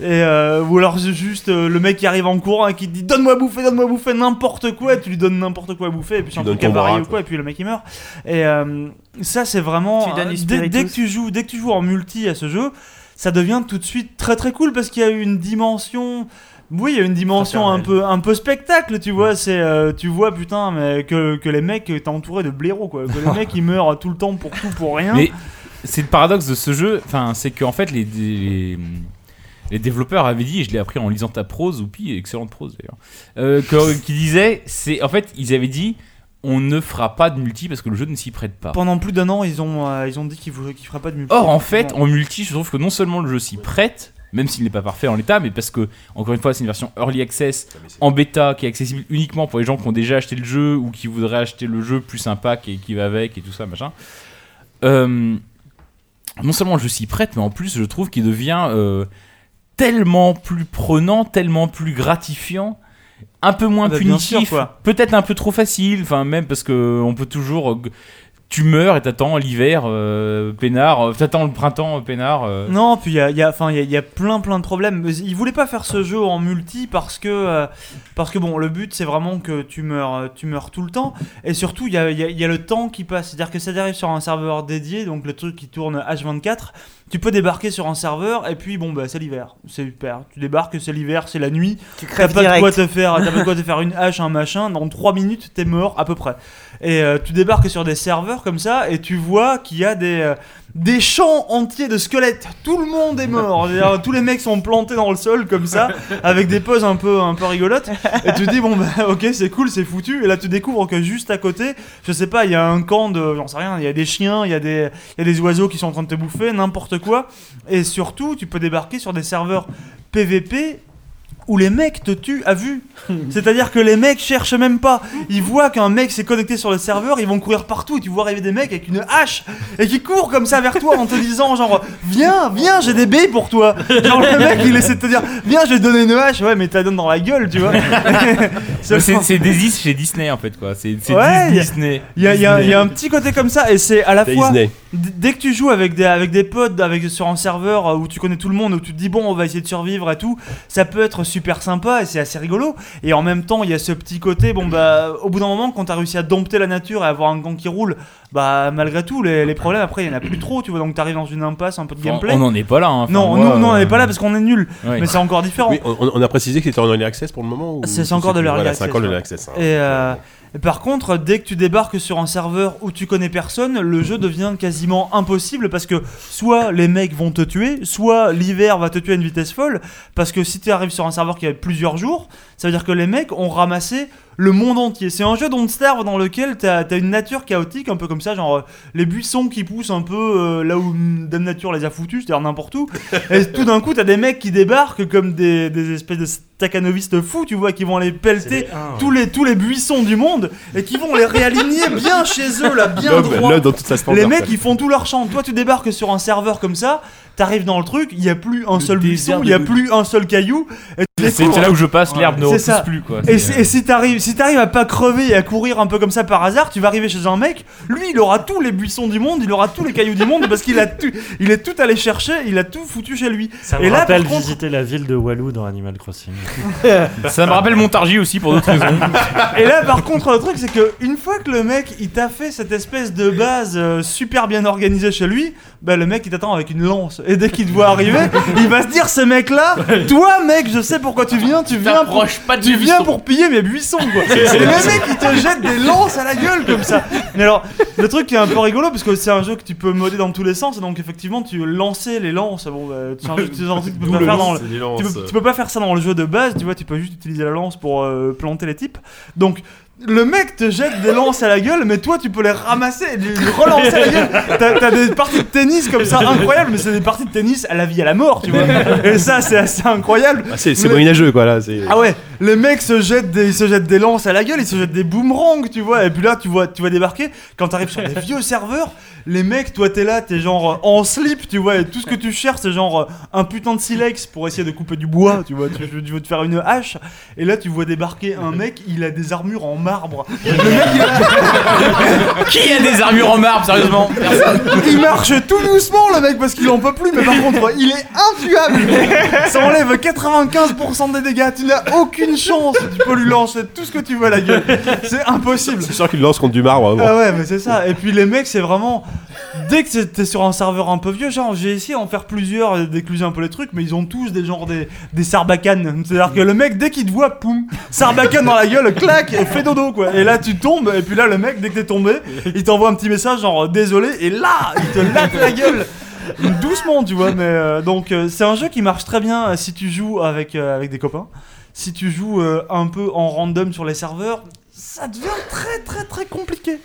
Speaker 12: Et euh, ou alors c'est juste euh, le mec qui arrive en courant et qui te dit donne-moi à bouffer, donne-moi à bouffer n'importe quoi, et tu lui donnes n'importe quoi à bouffer et puis c'est un
Speaker 2: donnes
Speaker 12: truc à
Speaker 2: ton bras,
Speaker 12: varier ou
Speaker 2: quoi.
Speaker 12: quoi et puis le mec il meurt. Et euh, ça c'est vraiment euh,
Speaker 6: Tu donnes du
Speaker 12: dès- dès, que
Speaker 6: spiritus.
Speaker 12: tu joues, dès que tu joues en multi à ce jeu, ça devient tout de suite très très cool parce qu'il y a une dimension Oui, il y a une dimension un peu, un peu spectacle, tu vois. C'est, euh, tu vois, putain, mais que, que les mecs, t'es entouré de blaireaux, quoi. Que les mecs, ils meurent tout le temps pour tout, pour rien.
Speaker 7: Mais c'est le paradoxe de ce jeu, enfin, c'est qu'en fait, les, les, les développeurs avaient dit, et je l'ai appris en lisant ta prose, oupi, excellente prose d'ailleurs, euh, que- qui disait, c'est en fait, ils avaient dit, on ne fera pas de multi parce que le jeu ne s'y prête pas.
Speaker 12: Pendant plus d'un an, ils ont, euh, ils ont dit qu'ils voulaient- qu'ils feraient pas de multi.
Speaker 7: Or, en fait, en multi, je trouve que non seulement le jeu s'y prête, même s'il n'est pas parfait en l'état, mais parce que, encore une fois, c'est une version early access en bêta qui est accessible uniquement pour les gens qui ont déjà acheté le jeu ou qui voudraient acheter le jeu plus un pack et qui va avec et tout ça, machin. Euh, non seulement je s'y prête, mais en plus, je trouve qu'il devient euh, tellement plus prenant, tellement plus gratifiant. Un peu moins
Speaker 12: Ah bah, bien sûr,
Speaker 7: punitif,
Speaker 12: quoi.
Speaker 7: peut-être un peu trop facile, enfin même parce que on peut toujours. euh, Tu meurs et t'attends l'hiver, euh, peinard. euh, T'attends le printemps, euh, peinard. euh.
Speaker 12: Non, puis il y a, il y a- enfin, il y a- il y a plein plein de problèmes. Mais Ils voulaient pas faire ce jeu en multi parce que, euh, parce que bon, le but c'est vraiment que tu meurs, euh, tu meurs tout le temps. Et surtout, il y a, il y a- il y a le temps qui passe. C'est-à-dire que ça arrive sur un serveur dédié, donc le truc qui tourne H24, tu peux débarquer sur un serveur et puis bon, bah c'est l'hiver. C'est super. Tu débarques, c'est l'hiver, c'est la nuit. T'as
Speaker 6: crèves
Speaker 12: pas, de quoi
Speaker 6: direct.
Speaker 12: te faire, t'as pas de quoi te faire une hache, un machin. Dans 3 minutes, t'es mort à peu près. Et euh, tu débarques sur des serveurs comme ça et tu vois qu'il y a des. euh, des champs entiers de squelettes. Tout le monde est mort. C'est-à-dire, Tous les mecs sont plantés dans le sol comme ça, avec des poses un peu, un peu rigolotes. Et tu te dis bon bah ok c'est cool, c'est foutu. Et là tu découvres que juste à côté, je sais pas, il y a un camp de, j'en sais rien, il y a des chiens, il y a des, il y a des oiseaux qui sont en train de te bouffer, n'importe quoi. Et surtout, tu peux débarquer sur des serveurs PVP où les mecs te tuent à vue. C'est-à-dire que les mecs cherchent même pas. Ils voient qu'un mec s'est connecté sur le serveur, ils vont courir partout et tu vois arriver des mecs avec une hache et qui courent comme ça vers toi en te disant genre viens, viens, j'ai des baies pour toi. Genre le mec il essaie de te dire viens, je vais te donner une hache. Ouais, mais t'as donné dans la gueule, tu vois.
Speaker 7: Mais C'est c'est des is chez Disney en fait quoi. C'est c'est
Speaker 12: Ouais,
Speaker 7: Dis-
Speaker 12: y a-
Speaker 7: Disney.
Speaker 12: Il y, a- il y a-
Speaker 7: Disney.
Speaker 12: il y a un petit côté comme ça, et c'est à la
Speaker 7: Disney.
Speaker 12: fois. d- Dès que tu joues avec des, avec des potes, avec, sur un serveur euh, où tu connais tout le monde, où tu te dis bon, on va essayer de survivre et tout, ça peut être super sympa et c'est assez rigolo. Et en même temps, il y a ce petit côté, bon bah, au bout d'un moment, quand t'as réussi à dompter la nature et avoir un camp qui roule, bah, malgré tout, les, les problèmes après, il y en a plus trop, tu vois, donc t'arrives dans une impasse, un peu de
Speaker 7: Enfin,
Speaker 12: gameplay.
Speaker 7: on n'en est pas là. hein. Enfin,
Speaker 12: non,
Speaker 7: moi,
Speaker 12: nous, nous, on
Speaker 7: euh,
Speaker 12: n'est pas là parce qu'on est nul,
Speaker 7: Ouais.
Speaker 12: mais c'est encore différent.
Speaker 2: Oui, on, on a précisé que c'était en early access pour le moment ou-
Speaker 12: C'est c'est encore de l'early
Speaker 2: Voilà,
Speaker 12: access.
Speaker 2: C'est encore de
Speaker 12: ouais.
Speaker 2: l'early access. hein.
Speaker 12: Et, euh, et par contre, dès que tu débarques sur un serveur où tu connais personne, le jeu devient quasiment impossible parce que soit les mecs vont te tuer, soit l'hiver va te tuer à une vitesse folle. Parce que si tu arrives sur un serveur qui a plusieurs jours, ça veut dire que les mecs ont ramassé le monde entier. C'est un jeu Don't Starve dans lequel t'as as une nature chaotique, un peu comme ça, genre euh, les buissons qui poussent un peu euh, là où mm, Dame Nature les a foutus, c'est-à-dire n'importe où. Et tout d'un coup, t'as des mecs qui débarquent comme des, des espèces de stakhanovistes fous, tu vois, qui vont aller pelleter tous, les, tous les buissons du monde et qui vont les réaligner bien chez eux, là, bien
Speaker 2: L'homme-
Speaker 12: droit.
Speaker 2: l'homme dans toute sa splendeur,
Speaker 12: les mecs,
Speaker 2: quoi.
Speaker 12: ils font tout leur champ. Toi, tu débarques sur un serveur comme ça, t'arrives dans le truc, il n'y a plus un seul buisson, il n'y a plus un seul caillou. et tu
Speaker 7: C'est-
Speaker 12: découvres-
Speaker 7: c'est là où je passe, l'herbe ne
Speaker 12: C'est
Speaker 7: repousse
Speaker 12: ça.
Speaker 7: plus, quoi.
Speaker 12: Et,
Speaker 7: C'est- euh,
Speaker 12: si- et si t'arrives si t'arrives à pas crever et à courir un peu comme ça par hasard, tu vas arriver chez un mec, lui il aura tous les buissons du monde, il aura tous les cailloux du monde parce qu'il a tout, il est tout allé chercher, il a tout foutu chez lui.
Speaker 8: Ça me
Speaker 12: et là, par
Speaker 8: rappelle
Speaker 12: contre,
Speaker 8: visiter la ville de Walou dans Animal Crossing.
Speaker 7: Ça me rappelle Montargis aussi pour d'autres raisons.
Speaker 12: Et là, par contre, le truc, c'est que une fois que le mec, il t'a fait cette espèce de base euh, super bien organisée chez lui, bah le mec, il t'attend avec une lance. Et dès qu'il te voit arriver, il va se dire, ce mec-là, toi, mec, je sais pourquoi tu viens, tu viens pour, tu viens pour piller mes buissons, quoi.
Speaker 17: C'est- c'est-
Speaker 12: Et le
Speaker 17: c'est-
Speaker 12: mec, il te jette des lances à la gueule comme ça. Mais alors, le truc qui est un peu rigolo, parce que c'est un jeu que tu peux modder dans tous les sens, et donc effectivement, tu lançais les lances. Bon, bah, c'est un jeu que tu- c'est un truc que tu peux
Speaker 2: D'où
Speaker 12: pas
Speaker 2: le
Speaker 12: faire
Speaker 2: lance,
Speaker 12: dans le-
Speaker 2: c'est des lances.
Speaker 12: tu peux- tu peux pas faire ça dans le jeu de base, tu vois, tu peux juste utiliser la lance pour euh, planter les types. Donc le mec te jette des lances à la gueule, mais toi tu peux les ramasser et les relancer à la gueule. T'as, t'as des parties de tennis comme ça incroyables, mais c'est des parties de tennis à la vie à la mort, tu vois. Et ça c'est assez incroyable.
Speaker 2: Ah, c'est c'est
Speaker 12: Mais-
Speaker 2: moyenâgeux quoi là. c'est-
Speaker 12: ah ouais, les mecs se jettent des, ils se jettent des lances à la gueule, ils se jettent des boomerangs, tu vois. Et puis là, tu vois, tu vois débarquer. Quand t'arrives sur des vieux serveurs, les mecs, toi t'es là, t'es genre euh, en slip, tu vois. Et tout ce que tu cherches, c'est genre euh, un putain de silex pour essayer de couper du bois, tu vois. Tu, tu- tu veux te faire une hache. Et là, tu vois débarquer un mec, il a des armures en marbre. Le mec, il a...
Speaker 7: Qui a des armures en marbre, sérieusement Personne.
Speaker 12: Il marche tout doucement, le mec, parce qu'il en peut plus. Mais par contre, il est intuable. Ça enlève 95% des dégâts. Tu n'as aucune chance. Tu peux lui lancer tout ce que tu veux
Speaker 7: Ah,
Speaker 12: à la gueule. C'est impossible.
Speaker 2: C'est sûr qu'il lance contre du marbre. hein, bon.
Speaker 12: Ah ouais, mais c'est ça. Et puis les mecs, c'est vraiment. dès que t'es sur un serveur un peu vieux, genre j'ai essayé d'en faire plusieurs, euh, d'écluser un peu les trucs, mais ils ont tous des genres des, des sarbacanes. C'est-à-dire que le mec, dès qu'il te voit, poum, sarbacane dans la gueule, clac, et fais dodo quoi. Et là tu tombes, et puis là le mec, dès que t'es tombé, il t'envoie un petit message genre désolé, et là, il te latte la gueule. Doucement, tu vois, mais euh, donc euh, c'est un jeu qui marche très bien euh, si tu joues avec, euh, avec des copains. Si tu joues euh, un peu en random sur les serveurs, ça devient très très très compliqué.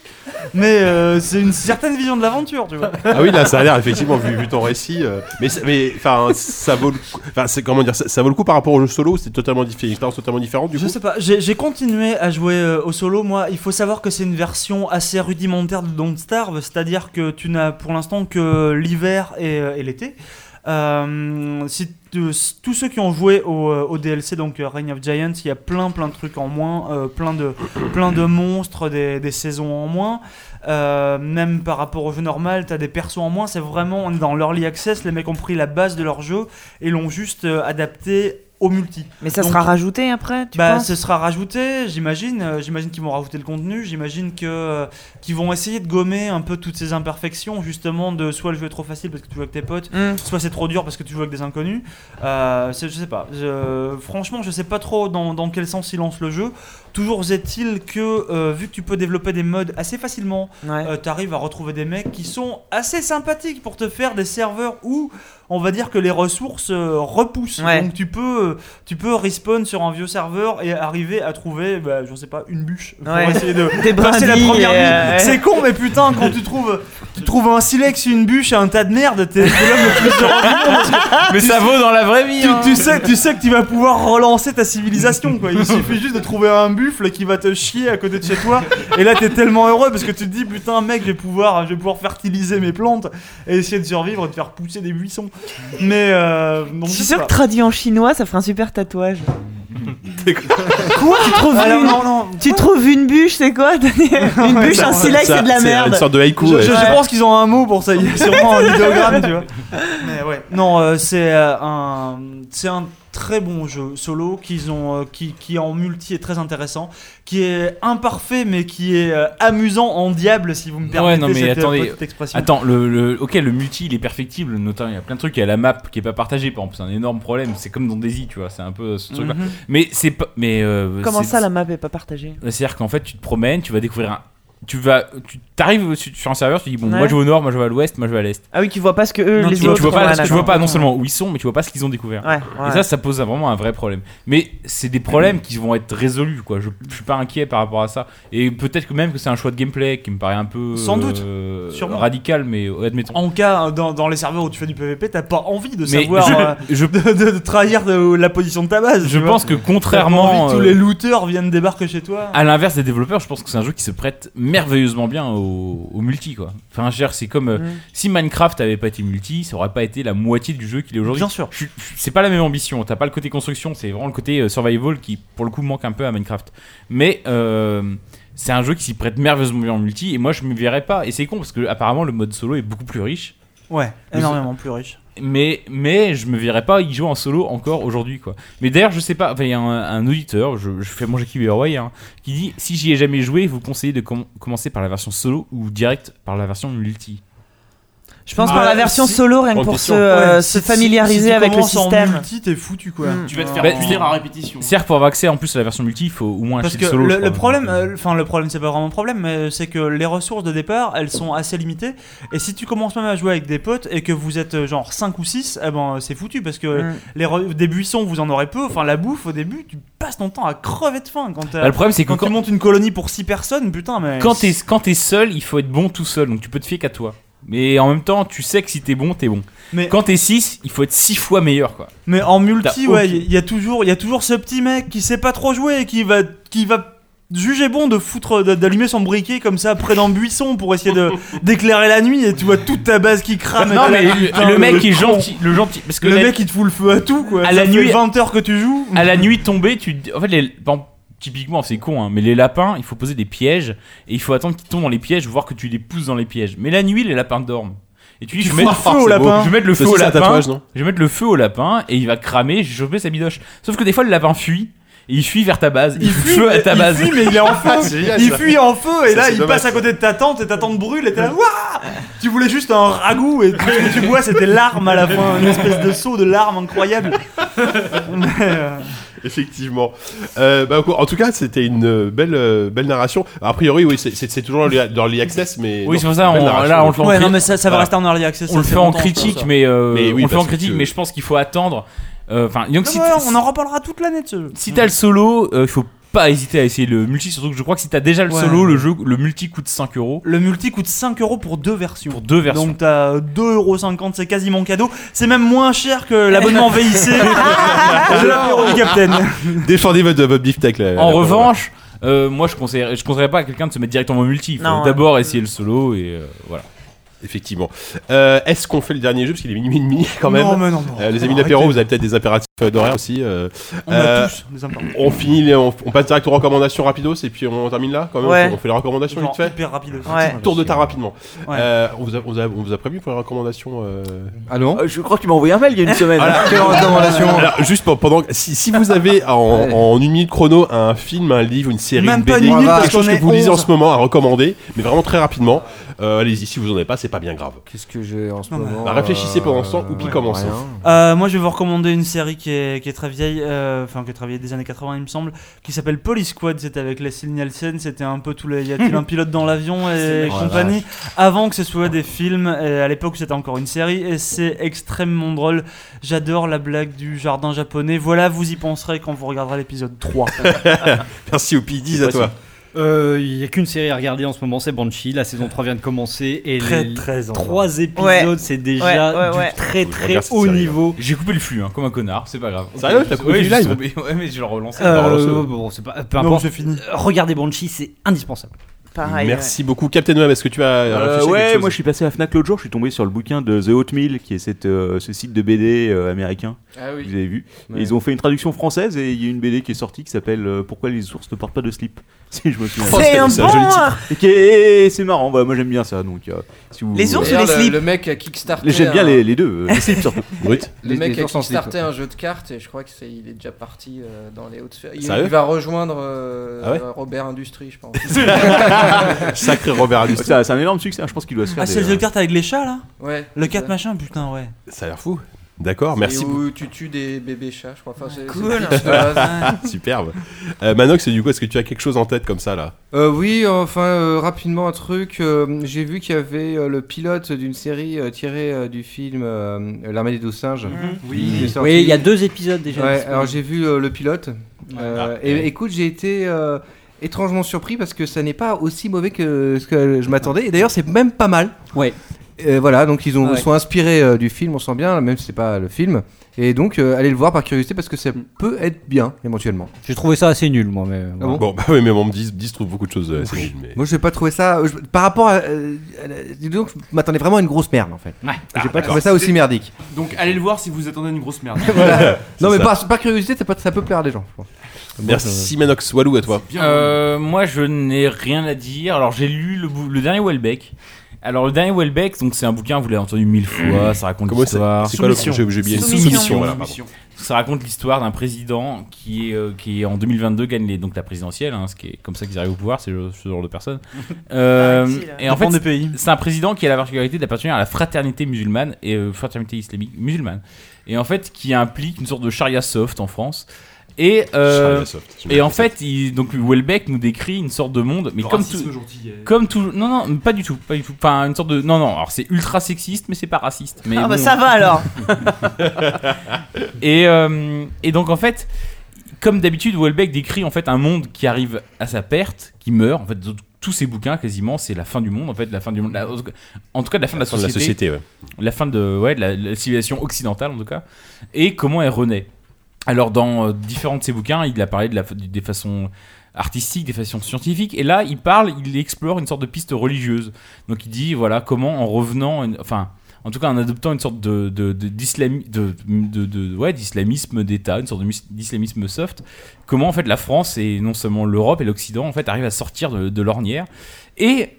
Speaker 12: Mais euh, c'est une certaine vision de l'aventure, tu vois.
Speaker 2: Ah oui, là, ça a l'air effectivement vu, vu ton récit. euh, mais c'est- mais enfin, ça vaut le coup. Enfin, c'est comment dire, ça, ça vaut le coup par rapport au jeu solo. C'est totalement différent, une expérience totalement différente du coup.
Speaker 12: Je sais pas, j'ai j'ai continué à jouer euh, au solo. Moi, il faut savoir que c'est une version assez rudimentaire de Don't Starve, c'est-à-dire que tu n'as pour l'instant que l'hiver et, euh, et l'été. Euh, si tu- s- tous ceux qui ont joué au, euh, au DLC, donc euh, Reign of Giants, il y a plein plein de trucs en moins, euh, plein, de, plein de monstres, des, des saisons en moins. Euh, même par rapport au jeu normal, t'as des persos en moins. C'est vraiment, on est dans l'early access, les mecs ont pris la base de leur jeu et l'ont juste euh, adapté au multi.
Speaker 6: Mais ça
Speaker 12: Donc,
Speaker 6: sera rajouté après, tu
Speaker 12: bah,
Speaker 6: penses
Speaker 12: ce sera rajouté, j'imagine. euh, J'imagine qu'ils vont rajouter le contenu. J'imagine que euh, qu'ils vont essayer de gommer un peu toutes ces imperfections, justement, de soit le jeu est trop facile parce que tu joues avec tes potes,
Speaker 6: Mm.
Speaker 12: soit c'est trop dur parce que tu joues avec des inconnus. Euh, c'est- je sais pas. Je- franchement, je sais pas trop dans, dans quel sens il lance le jeu. Toujours est-il que euh, vu que tu peux développer des modes assez facilement, tu arrives à retrouver des mecs qui sont assez sympathiques pour te faire des serveurs où on va dire que les ressources euh, repoussent.
Speaker 6: Ouais.
Speaker 12: Donc tu peux, euh, tu peux respawn sur un vieux serveur et arriver à trouver, bah, je sais pas, une bûche pour
Speaker 6: Ouais.
Speaker 12: essayer de
Speaker 6: Des
Speaker 12: passer la
Speaker 6: brindilles,
Speaker 12: première nuit.
Speaker 6: euh, ouais.
Speaker 12: C'est con, mais putain, quand tu trouves, tu trouves un silex, une bûche et un tas de merde, t'es t'es l'homme le plus heureux du monde. Tu-
Speaker 18: Mais
Speaker 12: tu-
Speaker 18: ça vaut dans la vraie vie,
Speaker 12: Tu,
Speaker 18: hein.
Speaker 12: tu sais, tu sais que tu vas pouvoir relancer ta civilisation. Quoi. Il suffit juste de trouver un buffle qui va te chier à côté de chez toi. Et là, t'es tellement heureux parce que tu te dis putain, mec, je vais pouvoir, je vais pouvoir fertiliser mes plantes et essayer de survivre et de faire pousser des buissons. Mais euh, donc,
Speaker 6: Je suis
Speaker 12: sais
Speaker 6: sûr
Speaker 12: pas.
Speaker 6: que traduit en chinois, ça ferait un super tatouage.
Speaker 12: Quoi
Speaker 6: Tu trouves
Speaker 12: Alors,
Speaker 6: une...
Speaker 12: non, non.
Speaker 6: Tu trouves une bûche, c'est quoi Une bûche, un silex, c'est de la merde.
Speaker 12: Je, je- je
Speaker 6: Ouais.
Speaker 12: pense qu'ils ont un mot pour ça. Il y a sûrement un idéogramme, tu vois. Mais ouais. Non, euh, c'est euh, un, c'est un très bon jeu solo qu'ils ont, euh, qui, qui en multi est très intéressant, qui est imparfait mais qui est euh, amusant en diable si vous me permettez
Speaker 7: Ouais, non, mais
Speaker 12: cette euh,
Speaker 7: attendez.
Speaker 12: petite expression.
Speaker 7: Attends, le, le- ok, le multi, il est perfectible, notamment, il y a plein de trucs. Il y a la map qui est pas partagée, par exemple, c'est un énorme problème. C'est comme dans Daisy, tu vois, c'est un peu ce truc-là.
Speaker 6: Mhm.
Speaker 7: Mais c'est pas. Mais, euh,
Speaker 6: Comment
Speaker 7: c'est-
Speaker 6: ça, la map est pas partagée
Speaker 7: Ouais, C'est-à-dire qu'en fait, tu te promènes, tu vas découvrir un. Tu vas, tu t'arrives sur sur un serveur, tu dis bon, moi
Speaker 6: Ouais.
Speaker 7: je vais au nord, moi je vais à l'ouest, moi je vais à l'est.
Speaker 6: Ah oui, tu vois pas ce que eux,
Speaker 7: Non,
Speaker 6: les
Speaker 7: tu vois,
Speaker 6: autres
Speaker 7: tu vois
Speaker 6: ont,
Speaker 7: pas,
Speaker 6: ouais,
Speaker 7: parce que tu vois
Speaker 6: d'accord.
Speaker 7: pas non seulement où ils sont, mais tu vois pas ce qu'ils ont découvert.
Speaker 6: Ouais, ouais.
Speaker 7: Et ça, ça pose vraiment un vrai problème. Mais c'est des problèmes qui vont être résolus, quoi. Je, je suis pas inquiet par rapport à ça. Et peut-être que même que c'est un choix de gameplay qui me paraît un peu
Speaker 12: Sans doute.
Speaker 7: euh,
Speaker 12: Sûrement.
Speaker 7: radical, mais euh, admettons.
Speaker 12: En cas, hein, dans, dans les serveurs où tu fais du PVP, t'as pas envie de
Speaker 7: Mais
Speaker 12: savoir
Speaker 7: je-
Speaker 12: euh, de, de- de trahir de- la position de ta base.
Speaker 7: Je
Speaker 12: tu vois.
Speaker 7: pense que
Speaker 12: T'as pas
Speaker 7: contrairement,
Speaker 12: envie que tous
Speaker 7: euh,
Speaker 12: les looters viennent débarquer chez toi.
Speaker 7: À l'inverse des développeurs, je pense que c'est un jeu qui se prête merveilleusement bien au, au multi, quoi. Enfin, je veux dire, c'est comme euh,
Speaker 12: Mm.
Speaker 7: si Minecraft avait pas été multi, ça aurait pas été la moitié du jeu qu'il est aujourd'hui.
Speaker 12: Bien sûr.
Speaker 7: Je- je- C'est pas la même ambition. T'as pas le côté construction, c'est vraiment le côté euh, survival qui, pour le coup, manque un peu à Minecraft. Mais euh, c'est un jeu qui s'y prête merveilleusement bien en multi, et moi je me verrais pas. Et c'est con parce que apparemment le mode solo est beaucoup plus riche.
Speaker 12: Ouais,
Speaker 7: Mais-
Speaker 12: énormément plus riche.
Speaker 7: mais mais je me verrais pas y jouer en solo encore aujourd'hui quoi. Mais d'ailleurs je sais pas, enfin, il y a un, un auditeur, je, je fais mon Jackie Beroy, hein, qui dit si j'y ai jamais joué, vous conseillez de com- commencer par la version solo ou direct par la version multi.
Speaker 6: Je pense par la version solo, rien que pour se, euh, se familiariser avec le système.
Speaker 12: t'es foutu quoi.
Speaker 6: Tu vas te
Speaker 12: faire
Speaker 6: remplir
Speaker 7: à
Speaker 10: répétition.
Speaker 7: Certes Bah, pour avoir accès en plus à la version multi, il faut au moins
Speaker 12: Parce
Speaker 7: acheter
Speaker 12: que
Speaker 7: le solo.
Speaker 12: le,
Speaker 7: je
Speaker 12: le
Speaker 7: crois.
Speaker 12: problème, euh, enfin le problème, c'est pas vraiment un problème, mais c'est que les ressources de départ, elles sont assez limitées. Et si tu commences même à jouer avec des potes et que vous êtes euh, genre 5 ou 6, eh ben euh, c'est foutu parce que
Speaker 7: Mm.
Speaker 12: les re- des buissons, vous en aurez peu. Enfin la bouffe au début, tu passes ton temps à crever de faim quand. t'as-
Speaker 7: Bah, le problème, c'est que
Speaker 12: quand, tu
Speaker 7: quand-
Speaker 12: montes une colonie pour 6 personnes, putain mais.
Speaker 7: Quand t'es quand t'es seul, il faut être bon tout seul, donc tu peux te fier qu'à toi. Mais en même temps, tu sais que si t'es bon, t'es bon.
Speaker 12: Mais-
Speaker 7: quand t'es 6, il faut être 6 fois meilleur quoi.
Speaker 12: Mais en multi,
Speaker 7: T'as
Speaker 12: ouais,
Speaker 7: aucune-
Speaker 12: il y a toujours, il y a toujours ce petit mec qui sait pas trop jouer et qui va, qui va juger bon de foutre, de- d'allumer son briquet comme ça près d'un buisson pour essayer de d'éclairer la nuit et tu vois toute ta base qui crame. et
Speaker 7: Non,
Speaker 12: t'as
Speaker 7: mais
Speaker 12: la-
Speaker 7: le-
Speaker 12: putain,
Speaker 7: le mec est
Speaker 12: con.
Speaker 7: gentil- le gentil, parce que
Speaker 12: le
Speaker 7: la-
Speaker 12: mec il te fout le feu à tout quoi.
Speaker 7: À
Speaker 12: Ça
Speaker 7: la
Speaker 12: fait
Speaker 7: nuit-
Speaker 12: 20 heures que tu joues.
Speaker 7: à la nuit tombée, tu en fait les par exemple, typiquement c'est con hein, mais les lapins, il faut poser des pièges et il faut attendre qu'ils tombent dans les pièges, voir que tu les pousses dans les pièges. Mais la nuit, les lapins dorment. Et tu dis,
Speaker 12: Tu
Speaker 7: je
Speaker 12: fous
Speaker 7: vais,
Speaker 12: le
Speaker 7: mettre,
Speaker 12: feu au
Speaker 7: C'est beau.
Speaker 12: lapin.
Speaker 7: je vais mettre le
Speaker 12: C'est
Speaker 7: feu au
Speaker 12: ça,
Speaker 7: lapin.
Speaker 12: tatouage, non
Speaker 7: je vais mettre le feu au lapin et il va cramer, je vais choper sa bidoche. Sauf que des fois le lapin fuit et il fuit vers ta base. Il,
Speaker 12: fuit,
Speaker 7: feu à
Speaker 12: mais-
Speaker 7: ta
Speaker 12: il
Speaker 7: base.
Speaker 12: fuit, mais il est en feu.
Speaker 7: C'est génial,
Speaker 12: il
Speaker 7: ça.
Speaker 12: fuit en feu, et
Speaker 7: Ça,
Speaker 12: là,
Speaker 7: c'est
Speaker 12: il
Speaker 7: dommage.
Speaker 12: passe à côté de ta tente, et ta tente brûle, et t'es là, Ouah Tu voulais juste un ragoût, et tout ce que tu bois, c'était larmes à la fin, une espèce de saut de larmes incroyable. euh,
Speaker 2: Effectivement. Euh, bah, en tout cas, c'était une belle, euh, belle narration. A priori, oui, c'est- c'est c'est toujours dans l'early- dans l'early access, mais.
Speaker 7: Oui,
Speaker 2: non,
Speaker 7: c'est pour ça,
Speaker 2: belle
Speaker 7: on-
Speaker 2: narration.
Speaker 7: là, on te l'en crie. Voilà. On le fait en
Speaker 12: je
Speaker 7: critique,
Speaker 12: pense.
Speaker 7: mais, euh,
Speaker 2: Mais oui,
Speaker 7: on le fait en
Speaker 2: parce
Speaker 7: critique,
Speaker 2: que-
Speaker 7: mais je pense qu'il faut attendre. Euh, Enfin, donc
Speaker 12: Non,
Speaker 7: si
Speaker 12: mais
Speaker 7: t'as-
Speaker 12: on en reparlera toute l'année de ce jeu.
Speaker 7: si t'as
Speaker 13: Mm.
Speaker 7: le solo, il faut pas hésiter à essayer le multi. Surtout que je crois que si t'as déjà le
Speaker 12: Ouais.
Speaker 7: solo, le jeu, le multi coûte 5 euros.
Speaker 12: Le multi coûte 5 euros pour deux versions. Pour
Speaker 7: deux versions.
Speaker 12: Donc t'as euh, 2,50€, c'est quasiment cadeau. C'est même moins cher que l'abonnement VIC. de l'apéro du Capitaine.
Speaker 2: Ah, Défendez votre, votre beefsteak là.
Speaker 7: En
Speaker 2: là-bas.
Speaker 7: revanche, euh, moi je conseillerais, je conseillerais pas à quelqu'un de se mettre directement au multi. Il faut
Speaker 2: Non, ouais.
Speaker 7: d'abord essayer le solo et euh, voilà.
Speaker 2: Effectivement. Euh, Est-ce qu'on fait le dernier jeu Parce qu'il est minuit et demi quand même.
Speaker 12: Non, mais non, non.
Speaker 2: Euh, les amis
Speaker 12: Arrêtez.
Speaker 2: d'apéro, vous avez peut-être des impératifs euh, d'horaire aussi. euh.
Speaker 12: On a tous des impératifs.
Speaker 2: On finit, les- on, on passe direct aux recommandations rapidos et puis on termine là quand même.
Speaker 12: Ouais.
Speaker 2: On fait les recommandations
Speaker 12: Genre
Speaker 2: vite fait.
Speaker 12: hyper rapide.
Speaker 2: Petit
Speaker 12: Ouais.
Speaker 2: Tour de tas rapidement.
Speaker 12: Ouais.
Speaker 2: Euh, on, vous a, on vous a- on vous a prévenu pour les recommandations euh,
Speaker 5: Ah non
Speaker 12: Je crois que tu m'as envoyé un mail il y a une semaine.
Speaker 2: Quelle recommandation Alors, Juste pour- pendant si, si vous avez en, en une minute chrono un film, un livre, une série,
Speaker 12: Même
Speaker 2: une
Speaker 12: pas
Speaker 2: BD,
Speaker 12: une minute, parce
Speaker 2: quelque chose
Speaker 12: qu'on
Speaker 2: que
Speaker 12: est
Speaker 2: vous lisez en
Speaker 12: 11.
Speaker 2: ce moment à recommander, mais vraiment très rapidement, euh, allez-y. Si vous en avez pas, c'est pas bien grave.
Speaker 5: Qu'est-ce que j'ai en ce
Speaker 2: Bah,
Speaker 5: moment
Speaker 2: réfléchissez pendant ce temps, ou puis commencez.
Speaker 12: Euh, moi, je vais vous recommander une série qui est, qui est très vieille, euh, enfin qui est très vieille des années 80, il me semble, qui s'appelle Police Squad. C'était avec Leslie Nielsen. C'était un peu tout le. Y a-t-il un pilote dans l'avion et
Speaker 11: C'est vrai.
Speaker 12: compagnie
Speaker 11: Oh
Speaker 12: Avant que ce soit des films, et à l'époque c'était encore une série, et c'est extrêmement drôle. J'adore la blague du jardin japonais. Voilà, vous y penserez quand vous regarderez l'épisode 3.
Speaker 2: Merci au P10 à toi.
Speaker 13: Euh, Il y a qu'une série à regarder en ce moment, c'est Banshee. La saison 3 vient de commencer et
Speaker 12: Très,
Speaker 13: les
Speaker 12: très en
Speaker 13: trois
Speaker 12: forme.
Speaker 13: épisodes,
Speaker 12: Ouais.
Speaker 13: c'est déjà
Speaker 12: Ouais, ouais,
Speaker 13: du
Speaker 12: ouais.
Speaker 13: très
Speaker 12: Faut que je
Speaker 13: très
Speaker 12: regarde cette
Speaker 13: haut
Speaker 12: série,
Speaker 13: niveau.
Speaker 7: J'ai coupé le flux, hein, comme un connard, c'est pas grave.
Speaker 13: Sérieux,
Speaker 7: Ok,
Speaker 13: t'as
Speaker 7: je-
Speaker 13: coupé
Speaker 7: ouais,
Speaker 13: du
Speaker 7: je suis
Speaker 13: live
Speaker 7: tombé- Ouais, mais je le relance.
Speaker 13: Euh, bon, c'est pas, peu
Speaker 7: Non,
Speaker 13: importe.
Speaker 7: c'est fini.
Speaker 13: Euh, Regardez Banshee, c'est indispensable.
Speaker 12: Ah,
Speaker 2: Merci beaucoup, Captain Web. Est-ce que tu as
Speaker 11: Euh,
Speaker 2: réfléchi à quelque
Speaker 11: ouais,
Speaker 2: chose
Speaker 11: moi je suis passé à Fnac l'autre jour, je suis tombé sur le bouquin de The Oatmeal, qui est cette, euh, ce site de BD euh, américain.
Speaker 5: Ah oui.
Speaker 11: que Vous avez vu.
Speaker 5: Ouais.
Speaker 11: Et ils ont fait une traduction française et il y a une BD qui est sortie qui s'appelle euh, Pourquoi les ours ne portent pas de slip. Si je me souviens.
Speaker 5: C'est C'est un un bon joli titre.
Speaker 11: Et qui est- et c'est marrant. bah, moi j'aime bien ça. Donc, euh, si vous-
Speaker 5: D'ailleurs, le- Le mec a kickstarté.
Speaker 11: Les- J'aime bien
Speaker 5: un-
Speaker 11: les, les deux. euh, Les slips surtout.
Speaker 5: Le mec a
Speaker 11: ours en slip.
Speaker 5: kickstarté un jeu de cartes et je crois qu'il est, il est déjà parti euh, dans les hautes sphères. Il,
Speaker 11: Sérieux
Speaker 5: il va rejoindre euh,
Speaker 11: Ah ouais
Speaker 5: Robert Industrie, je pense.
Speaker 2: Sacré Robert Aldous.
Speaker 11: Ça- C'est un énorme succès. Je pense qu'il doit se faire.
Speaker 12: Ah, c'est
Speaker 11: des- euh,
Speaker 12: le jeu de cartes avec les chats là
Speaker 5: Ouais,
Speaker 12: Le
Speaker 5: c'est
Speaker 12: 4
Speaker 5: ça.
Speaker 12: machin, putain, ouais.
Speaker 2: Ça a l'air fou. D'accord, merci.
Speaker 5: Et
Speaker 2: beaucoup.
Speaker 5: où tu tues des bébés chats, je crois. Enfin, c'est-
Speaker 12: Cool.
Speaker 5: c'est le pitch de base.
Speaker 2: Superbe. Euh, Manox, du coup, est-ce que tu as quelque chose en tête comme ça là
Speaker 5: Euh, oui, enfin euh, rapidement un truc. euh, J'ai vu qu'il y avait euh, le pilote d'une série euh, tirée euh, du film euh, L'armée des douze singes.
Speaker 4: Oui.
Speaker 5: Qui est sorti.
Speaker 4: Oui, il y a deux épisodes déjà
Speaker 5: Ouais,
Speaker 4: disponibles.
Speaker 5: alors j'ai vu euh, le pilote. Euh,
Speaker 4: Ah,
Speaker 5: et
Speaker 4: ouais.
Speaker 5: écoute, j'ai été euh, étrangement surpris parce que ça n'est pas aussi mauvais que ce que je m'attendais. Et d'ailleurs, c'est même pas mal.
Speaker 4: Ouais.
Speaker 5: Et voilà, donc ils ont,
Speaker 4: Ah ouais.
Speaker 5: sont inspirés euh, du film, on sent bien, même si c'est pas le film. Et donc, euh, allez le voir par curiosité parce que ça
Speaker 4: Mm.
Speaker 5: peut être bien éventuellement.
Speaker 13: J'ai trouvé ça assez nul, moi. Mais,
Speaker 5: Ah bon
Speaker 2: Bon, bah oui, mais on me dit, dit se trouve beaucoup de choses. euh, c'est nul, mais-
Speaker 5: Moi, j'ai pas trouvé ça. euh, je- par rapport à. euh, à la- dis donc, je m'attendais vraiment à une grosse merde en fait.
Speaker 13: Ouais.
Speaker 2: Ah,
Speaker 5: J'ai pas trouvé ça aussi merdique.
Speaker 10: Donc allez le voir si vous attendez une grosse merde.
Speaker 5: Voilà. non,
Speaker 2: C'est
Speaker 5: mais
Speaker 2: ça.
Speaker 5: par, par curiosité, ça peut, ça peut plaire à des gens. je pense.
Speaker 2: Merci Manox, Walou à toi.
Speaker 7: Euh, moi, je n'ai rien à dire. Alors, j'ai lu le, bou- le dernier Welbeck. Alors, le dernier Welbeck, donc c'est un bouquin, vous l'avez entendu mille fois, ça raconte
Speaker 2: Mmh. Comment
Speaker 7: l'histoire.
Speaker 2: c'est- c'est quoi le- Soumission. j'ai- j'ai oublié. Soumission. Soumission, voilà, pardon. Soumission.
Speaker 7: Ça raconte l'histoire d'un président qui, est, euh, qui est, en 2022 gagne les, donc la présidentielle, hein, ce qui est comme ça qu'ils arrivent au pouvoir, c'est le- ce genre de personne. Euh,
Speaker 12: Paraît-il.
Speaker 7: et en fait,
Speaker 12: Dépend des pays.
Speaker 7: c'est un président qui a la particularité d'appartenir à la fraternité musulmane et euh, fraternité islamique musulmane. Et en fait, qui implique une sorte de charia soft en France. Et, euh,
Speaker 11: Charia soft, j'aime
Speaker 7: et
Speaker 11: bien
Speaker 7: en fait, il, donc Welbeck nous décrit une sorte de monde, mais
Speaker 11: Le
Speaker 7: comme tout,
Speaker 11: racisme gentil, euh.
Speaker 7: comme tout, non non, pas du tout, pas du tout. Enfin, une sorte de, non non, alors c'est ultra sexiste, mais c'est pas raciste. Mais
Speaker 6: Ah bah
Speaker 7: bon.
Speaker 6: ça va alors.
Speaker 7: et, euh, et donc en fait, comme d'habitude, Welbeck décrit en fait un monde qui arrive à sa perte, qui meurt. En fait, tout- tous ses bouquins quasiment, c'est la fin du monde. En fait, la fin du monde. la- en tout cas, la fin de la
Speaker 2: fin de la
Speaker 7: société.
Speaker 2: société, ouais.
Speaker 7: La fin de ouais, de la, la civilisation occidentale en tout cas. Et comment elle renaît. Alors dans euh, différents de ses bouquins, il a parlé de la, des façons artistiques, des façons scientifiques. Et là, il parle, il explore une sorte de piste religieuse. Donc il dit voilà comment en revenant, à une- enfin en tout cas en adoptant une sorte de de- de- d'islami- de- de- de- ouais, d'islamisme d'État, une sorte de mus- d'islamisme soft, comment en fait la France et non seulement l'Europe et l'Occident en fait arrivent à sortir de, de l'ornière et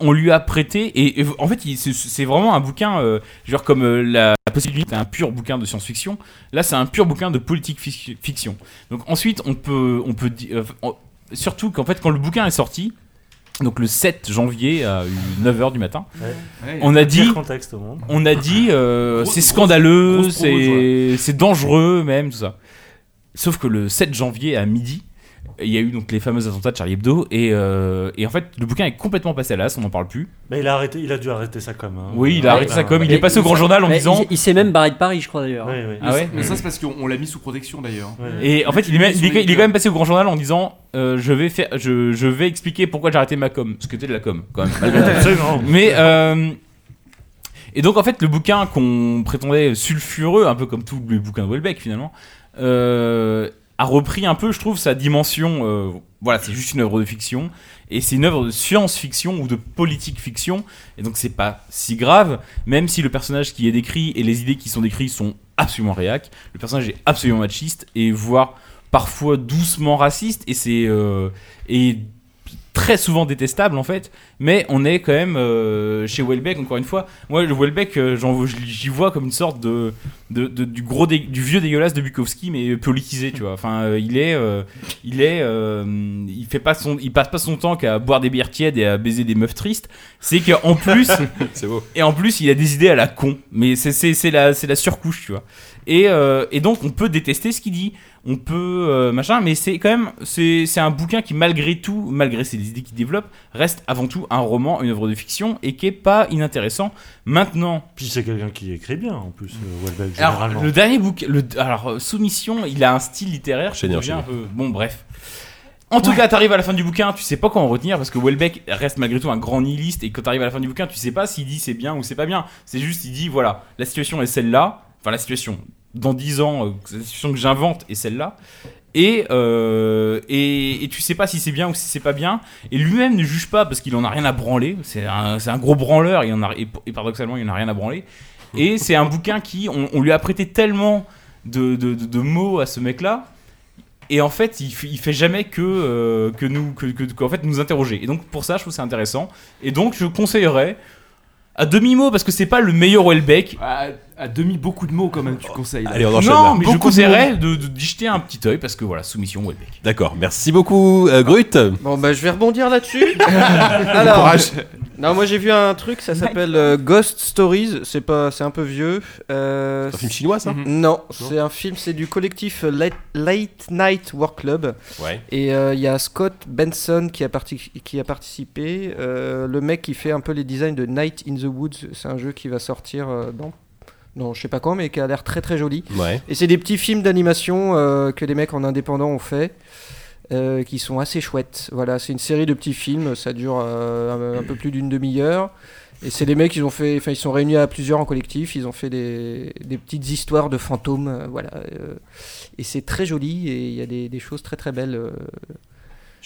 Speaker 7: on lui a prêté et, et en fait il- c'est- c'est vraiment un bouquin euh, genre comme euh, la, la possibilité c'est un pur bouquin de science-fiction là c'est un pur bouquin de politique fic- fiction donc ensuite on peut on peut di- euh, on- surtout qu'en fait quand le bouquin est sorti donc le 7 janvier à 9h du matin
Speaker 8: Ouais. Ouais,
Speaker 7: on a
Speaker 8: le pire
Speaker 7: dit
Speaker 8: contexte au monde.
Speaker 7: on a dit euh,
Speaker 8: Grosse-
Speaker 7: c'est
Speaker 8: grosse-
Speaker 7: scandaleux
Speaker 8: grosse promo,
Speaker 7: c'est c'est dangereux même tout ça sauf que le 7 janvier à midi il y a eu donc les fameux attentats de Charlie Hebdo et, euh, et en fait le bouquin est complètement passé à l'as on n'en parle plus
Speaker 8: Mais Bah, il a, arrêté, il a dû arrêter ça comme. hein.
Speaker 7: Oui, il a arrêté sa com, il est passé au grand journal en
Speaker 4: Mais
Speaker 7: disant.
Speaker 4: il- il s'est même barré de Paris, je crois d'ailleurs.
Speaker 7: Ah ouais
Speaker 10: Mais ça, c'est parce qu'on on l'a mis sous protection d'ailleurs.
Speaker 7: Et en fait, il est, même- il est- il est quand même passé au grand journal en disant euh, je, vais faire, je, je vais expliquer pourquoi j'ai arrêté ma com. Ce qui était de la com, quand même. malgré tout.
Speaker 8: Absolument.
Speaker 7: Mais. euh, et donc, en fait, le bouquin qu'on prétendait sulfureux, un peu comme tous les bouquins de Welbeck finalement, euh, a repris un peu, je trouve, sa dimension. euh, voilà, c'est juste une œuvre de fiction. Et c'est une œuvre de science-fiction ou de politique-fiction. Et donc, c'est pas si grave, même si le personnage qui est décrit et les idées qui sont décrites sont absolument réac. Le personnage est absolument machiste et voire parfois doucement raciste. Et c'est. euh, et très souvent détestable en fait, mais on est quand même euh, chez Welbeck encore une fois. Moi, le Welbeck, euh, j'en- j'y vois comme une sorte de, de- de- du gros dé- du vieux dégueulasse de Bukowski, mais politisé, tu vois. Enfin, euh, il est, euh, il est, euh, il fait pas son, il passe pas son temps qu'à boire des bières tièdes et à baiser des meufs tristes. C'est qu'en plus,
Speaker 2: C'est beau.
Speaker 7: et en plus, il a des idées à la con. Mais c'est- c'est c'est la, c'est la surcouche, tu vois. Et, euh, et donc, on peut détester ce qu'il dit. On peut. euh, machin. Mais c'est quand même. C'est c'est un bouquin qui, malgré tout, malgré ses idées qu'il développe, reste avant tout un roman, une œuvre de fiction. Et qui est pas inintéressant. Maintenant.
Speaker 8: Puis c'est quelqu'un qui écrit bien en plus, euh, Houellebecq,
Speaker 7: Alors,
Speaker 8: généralement.
Speaker 7: le dernier bouquin. Le, alors, euh, Soumission, il a un style littéraire. qui
Speaker 8: Génial,
Speaker 7: devient
Speaker 8: génial.
Speaker 7: un peu- Bon, bref. En tout cas, t'arrives à la fin du bouquin, tu sais pas quoi en retenir parce que Welbeck reste malgré tout un grand nihiliste et quand t'arrives à la fin du bouquin, tu sais pas s'il dit c'est bien ou c'est pas bien. C'est juste, il dit voilà, la situation est celle-là, enfin la situation dans 10 ans, euh, la situation que j'invente est celle-là. Et, euh, et, et tu sais pas si c'est bien ou si c'est pas bien. Et lui-même ne juge pas parce qu'il en a rien à branler. C'est un, c'est un gros branleur il en a, et, et paradoxalement, il en a rien à branler. Et c'est un bouquin qui, on, on lui a prêté tellement de, de- de- de mots à ce mec-là et en fait, il, fait- il fait jamais que, euh, que nous, que, que- qu'en fait, nous interroger. Et donc, pour ça, je trouve que c'est intéressant. Et donc, je conseillerais à demi-mot, parce que c'est pas le meilleur Welbeck.
Speaker 10: À, à demi, beaucoup de mots quand même, tu conseilles. là.
Speaker 2: Allez, on enchaîne.
Speaker 7: Non,
Speaker 2: là.
Speaker 7: mais je conseillerais de, de- d'y jeter un petit œil, parce que voilà, soumission Welbeck.
Speaker 2: D'accord, merci beaucoup, euh, Grut.
Speaker 20: Bon bah je vais rebondir là-dessus.
Speaker 2: Bon courage.
Speaker 20: non moi j'ai vu un truc, ça s'appelle euh, Ghost Stories. C'est pas, c'est un peu vieux. Euh, Mm-hmm.
Speaker 2: C'est un film chinois, ça
Speaker 20: Non, c'est un film, c'est du collectif euh, Late, Late Night War Club.
Speaker 2: Ouais.
Speaker 20: Et euh, il y a Scott Benson qui a, parti- qui a participé. euh, le mec qui fait un peu les designs de Night in the Woods. C'est un jeu qui va sortir euh, dans non, je sais pas quand, mais qui a l'air très très joli.
Speaker 2: Ouais.
Speaker 20: Et c'est des petits films d'animation euh, que des mecs en indépendant ont fait, euh, qui sont assez chouettes. Voilà, c'est une série de petits films, ça dure euh, un, un peu plus d'une demi-heure. Et c'est des mecs, ils ont fait, enfin, ils sont réunis à plusieurs en collectif, ils ont fait des, des petites histoires de fantômes, euh, voilà. euh, et c'est très joli et il y a des, des choses très très belles euh,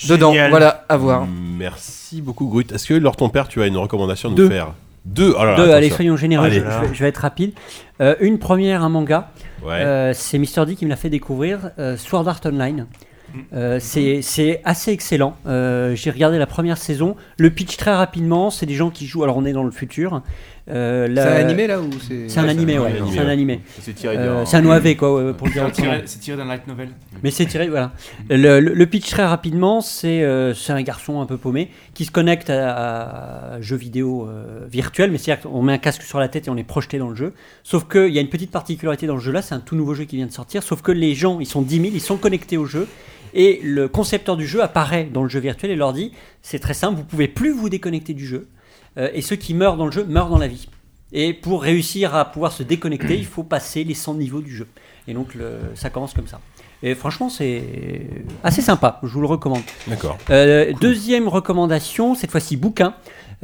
Speaker 20: dedans. Voilà, à voir.
Speaker 2: Mm, Merci beaucoup, Grut. Est-ce que, Laure, ton père, tu as une recommandation à nous
Speaker 4: Deux.
Speaker 2: faire Deux. Oh là là,
Speaker 4: Deux,
Speaker 2: attention.
Speaker 4: allez, soyons généreux,
Speaker 2: Allez.
Speaker 4: je, je vais- je vais être rapide. Euh, une première, un manga.
Speaker 2: Ouais.
Speaker 4: Euh, c'est Mister D qui me l'a fait découvrir, euh, Sword Art Online.
Speaker 10: Mm.
Speaker 4: Euh, c'est c'est assez excellent. Euh, J'ai regardé la première saison. Le pitch très rapidement, c'est des gens qui jouent. Alors on est dans le futur. Euh, la-
Speaker 5: C'est un animé, là, ou c'est-
Speaker 4: C'est un
Speaker 5: Ouais,
Speaker 4: animé,
Speaker 5: c'est un
Speaker 4: ouais.
Speaker 5: animé,
Speaker 4: C'est un
Speaker 5: ouais.
Speaker 4: animé.
Speaker 5: C'est tiré
Speaker 4: Euh,
Speaker 5: d'un-
Speaker 4: C'est un OAV quoi, ouais, ouais, pour le dire.
Speaker 10: C'est tiré-
Speaker 4: autrement.
Speaker 10: c'est tiré d'un light novel.
Speaker 4: Mais c'est tiré, voilà. Le, le- le pitch très rapidement, c'est euh, c'est un garçon un peu paumé qui se connecte à, à jeux vidéo euh, virtuels, mais c'est-à-dire qu'on met un casque sur la tête et on est projeté dans le jeu. Sauf qu'il y a une petite particularité dans le jeu là, c'est un tout nouveau jeu qui vient de sortir, sauf que les gens, ils sont 10 000, ils sont connectés au jeu. Et le concepteur du jeu apparaît dans le jeu virtuel et leur dit, c'est très simple, vous pouvez plus vous déconnecter du jeu. Euh, et ceux qui meurent dans le jeu meurent dans la vie. Et pour réussir à pouvoir se déconnecter, il faut passer les 100 niveaux du jeu. Et donc le- ça commence comme ça. Et franchement, c'est assez sympa, je vous le recommande.
Speaker 2: D'accord.
Speaker 4: Euh, Deuxième recommandation, cette fois-ci bouquin.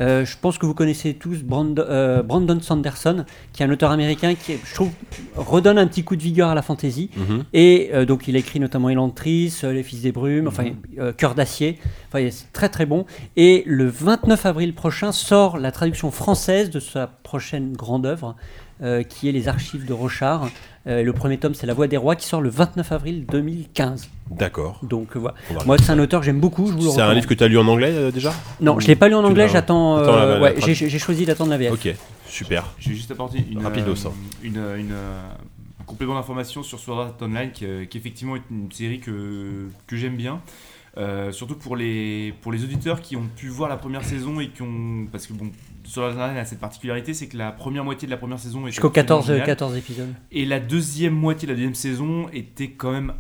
Speaker 4: Euh, je pense que vous connaissez tous Brandon, euh, Brandon Sanderson, qui est un auteur américain qui, je trouve, redonne un petit coup de vigueur à la fantasy.
Speaker 2: Mhm.
Speaker 4: Et euh, donc, il a écrit notamment Elantris, euh, Les Fils des Brumes, enfin,
Speaker 2: Mhm.
Speaker 4: euh, Cœur d'Acier. Enfin, c'est très très bon. Et le 29 avril prochain sort la traduction française de sa prochaine grande œuvre, euh, qui est Les Archives de Rochard. Euh, le premier tome, c'est La Voix des Rois, qui sort le 29 avril 2015.
Speaker 2: D'accord.
Speaker 4: Donc voilà.
Speaker 2: On va
Speaker 4: Moi, c'est un auteur que j'aime beaucoup. Je vous le
Speaker 2: C'est un
Speaker 4: recommande.
Speaker 2: livre que tu as lu en anglais euh, déjà
Speaker 4: Non, je l'ai pas lu en
Speaker 2: Tu
Speaker 4: anglais.
Speaker 2: l'as-
Speaker 4: J'attends.
Speaker 2: Attends, la-
Speaker 4: euh,
Speaker 2: la- la
Speaker 4: ouais,
Speaker 2: traduction.
Speaker 4: j'ai j'ai choisi d'attendre la VF.
Speaker 2: Ok, super.
Speaker 10: J'ai juste apporté une,
Speaker 2: Rapido,
Speaker 10: euh,
Speaker 2: ça.
Speaker 10: une, euh, une, euh, un complément d'information sur Sword Art Online, qui, euh, qui effectivement est une série que, que j'aime bien. Euh, surtout pour les, pour les auditeurs qui ont pu voir la première saison et qui ont. Parce que bon, Sword Art Online a cette particularité, c'est que la première moitié de la première saison est.
Speaker 4: Jusqu'au 14,
Speaker 10: originale.
Speaker 4: 14 épisodes.
Speaker 10: Et la deuxième moitié de la deuxième saison était quand même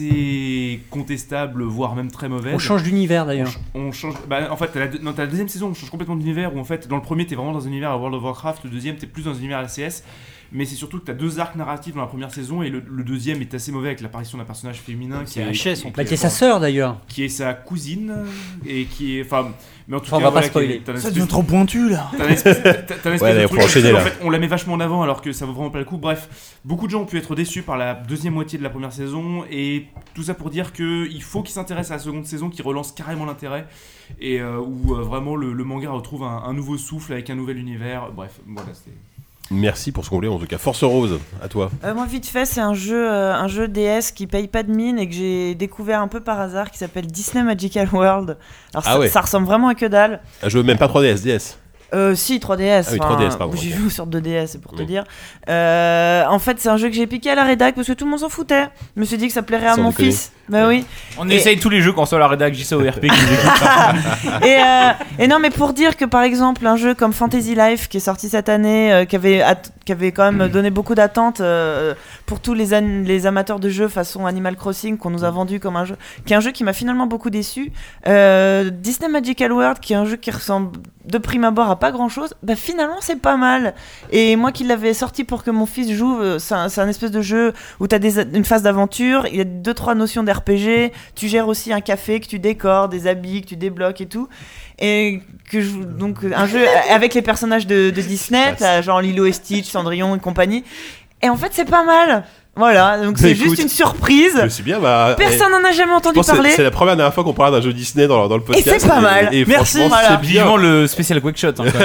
Speaker 10: assez contestable, voire même très mauvaise.
Speaker 4: On change d'univers, d'ailleurs.
Speaker 10: On ch- On, change. bah, en fait, t'as la, deux- non, t'as la deuxième saison, on change complètement d'univers. Où en fait, dans le premier, t'es vraiment dans un univers à World of Warcraft. Le deuxième, t'es plus dans un univers à LCS. Mais c'est surtout que t'as deux arcs narratifs dans la première saison et le, le deuxième est assez mauvais avec l'apparition d'un personnage féminin qui
Speaker 4: C'est
Speaker 10: est
Speaker 4: la chaise,
Speaker 10: qui-
Speaker 4: en plus. Bah,
Speaker 10: qui-
Speaker 4: qui est sa sœur, d'ailleurs.
Speaker 10: Qui est sa cousine et qui est. Enfin, mais en tout
Speaker 4: Enfin, on
Speaker 10: cas,
Speaker 4: va pas
Speaker 10: voilà, qui est-
Speaker 4: spoiler.
Speaker 10: t'as une
Speaker 4: Ça
Speaker 10: espèce-
Speaker 12: devient trop pointu, là.
Speaker 10: T'as une espèce- t'as- t'as une espèce
Speaker 2: Ouais,
Speaker 10: de
Speaker 2: allez,
Speaker 10: truc
Speaker 2: faut enchaîner,
Speaker 10: où, en
Speaker 2: là.
Speaker 10: fait, on la met vachement en avant alors que ça vaut vraiment pas le coup. Bref, beaucoup de gens ont pu être déçus par la deuxième moitié de la première saison et tout ça pour dire que il faut qu'ils s'intéressent à la seconde saison qui relance carrément l'intérêt et euh, où euh, vraiment le, le manga retrouve un, un nouveau souffle avec un nouvel univers. Bref, voilà, c'était.
Speaker 2: Merci pour ce qu'on voulait en tout cas. Force Rose, à toi.
Speaker 6: Euh, moi, vite fait, c'est un jeu, euh, un jeu DS qui paye pas de mine et que j'ai découvert un peu par hasard qui s'appelle Disney Magical World. Alors,
Speaker 2: Ah
Speaker 6: ça,
Speaker 2: ouais.
Speaker 6: ça ressemble vraiment à que dalle.
Speaker 2: Ah, Je veux même pas 3DS, DS.
Speaker 6: Euh, si, 3DS.
Speaker 2: Ah oui,
Speaker 6: enfin,
Speaker 2: 3DS, pardon,
Speaker 6: J'y
Speaker 2: ok.
Speaker 6: joue sur 2DS, c'est pour te
Speaker 2: Oui.
Speaker 6: dire. Euh, en fait, c'est un jeu que j'ai piqué à la rédac parce que tout le monde s'en foutait. Je me suis dit que ça plairait à
Speaker 7: Sans
Speaker 6: mon
Speaker 7: déconner.
Speaker 6: fils. Bah oui.
Speaker 7: On
Speaker 6: Et-
Speaker 7: essaye tous les jeux console à rédac, JCORP qui nous
Speaker 2: Ah.
Speaker 7: écoutent.
Speaker 6: et, euh, et non, mais pour dire que par exemple, un jeu comme Fantasy Life qui est sorti cette année, euh, qui, avait at- qui avait quand même donné beaucoup d'attentes euh, pour tous les, an- les amateurs de jeux façon Animal Crossing qu'on
Speaker 2: Mm.
Speaker 6: nous a vendu comme un jeu, qui est un jeu qui m'a finalement beaucoup déçu. Euh, Disney Magical World, qui est un jeu qui ressemble de prime abord à pas grand chose, bah finalement c'est pas mal. Et moi qui l'avais sorti pour que mon fils joue, euh, c'est un, c'est un espèce de jeu où t'as des, une phase d'aventure, il y a deux trois notions d'RPG, tu gères aussi un café que tu décores, des habits que tu débloques et tout. Et que je, donc euh, un jeu avec les personnages de, de Disney, t'as genre Lilo et Stitch, Cendrillon et compagnie. Et en fait c'est pas mal. Voilà, donc
Speaker 2: Bah,
Speaker 6: c'est
Speaker 2: écoute.
Speaker 6: juste une surprise.
Speaker 2: Mais c'est bien, bah,
Speaker 6: Personne
Speaker 2: eh,
Speaker 6: n'en a jamais
Speaker 2: je
Speaker 6: entendu
Speaker 2: pense que c'est-
Speaker 6: parler.
Speaker 2: C'est la première dernière fois qu'on parle d'un jeu Disney dans, dans le podcast.
Speaker 6: c'est pas mal. Merci,
Speaker 2: franchement,
Speaker 6: voilà.
Speaker 2: C'est bien.
Speaker 7: Vivement le spécial Quake Shot. hein, quand même.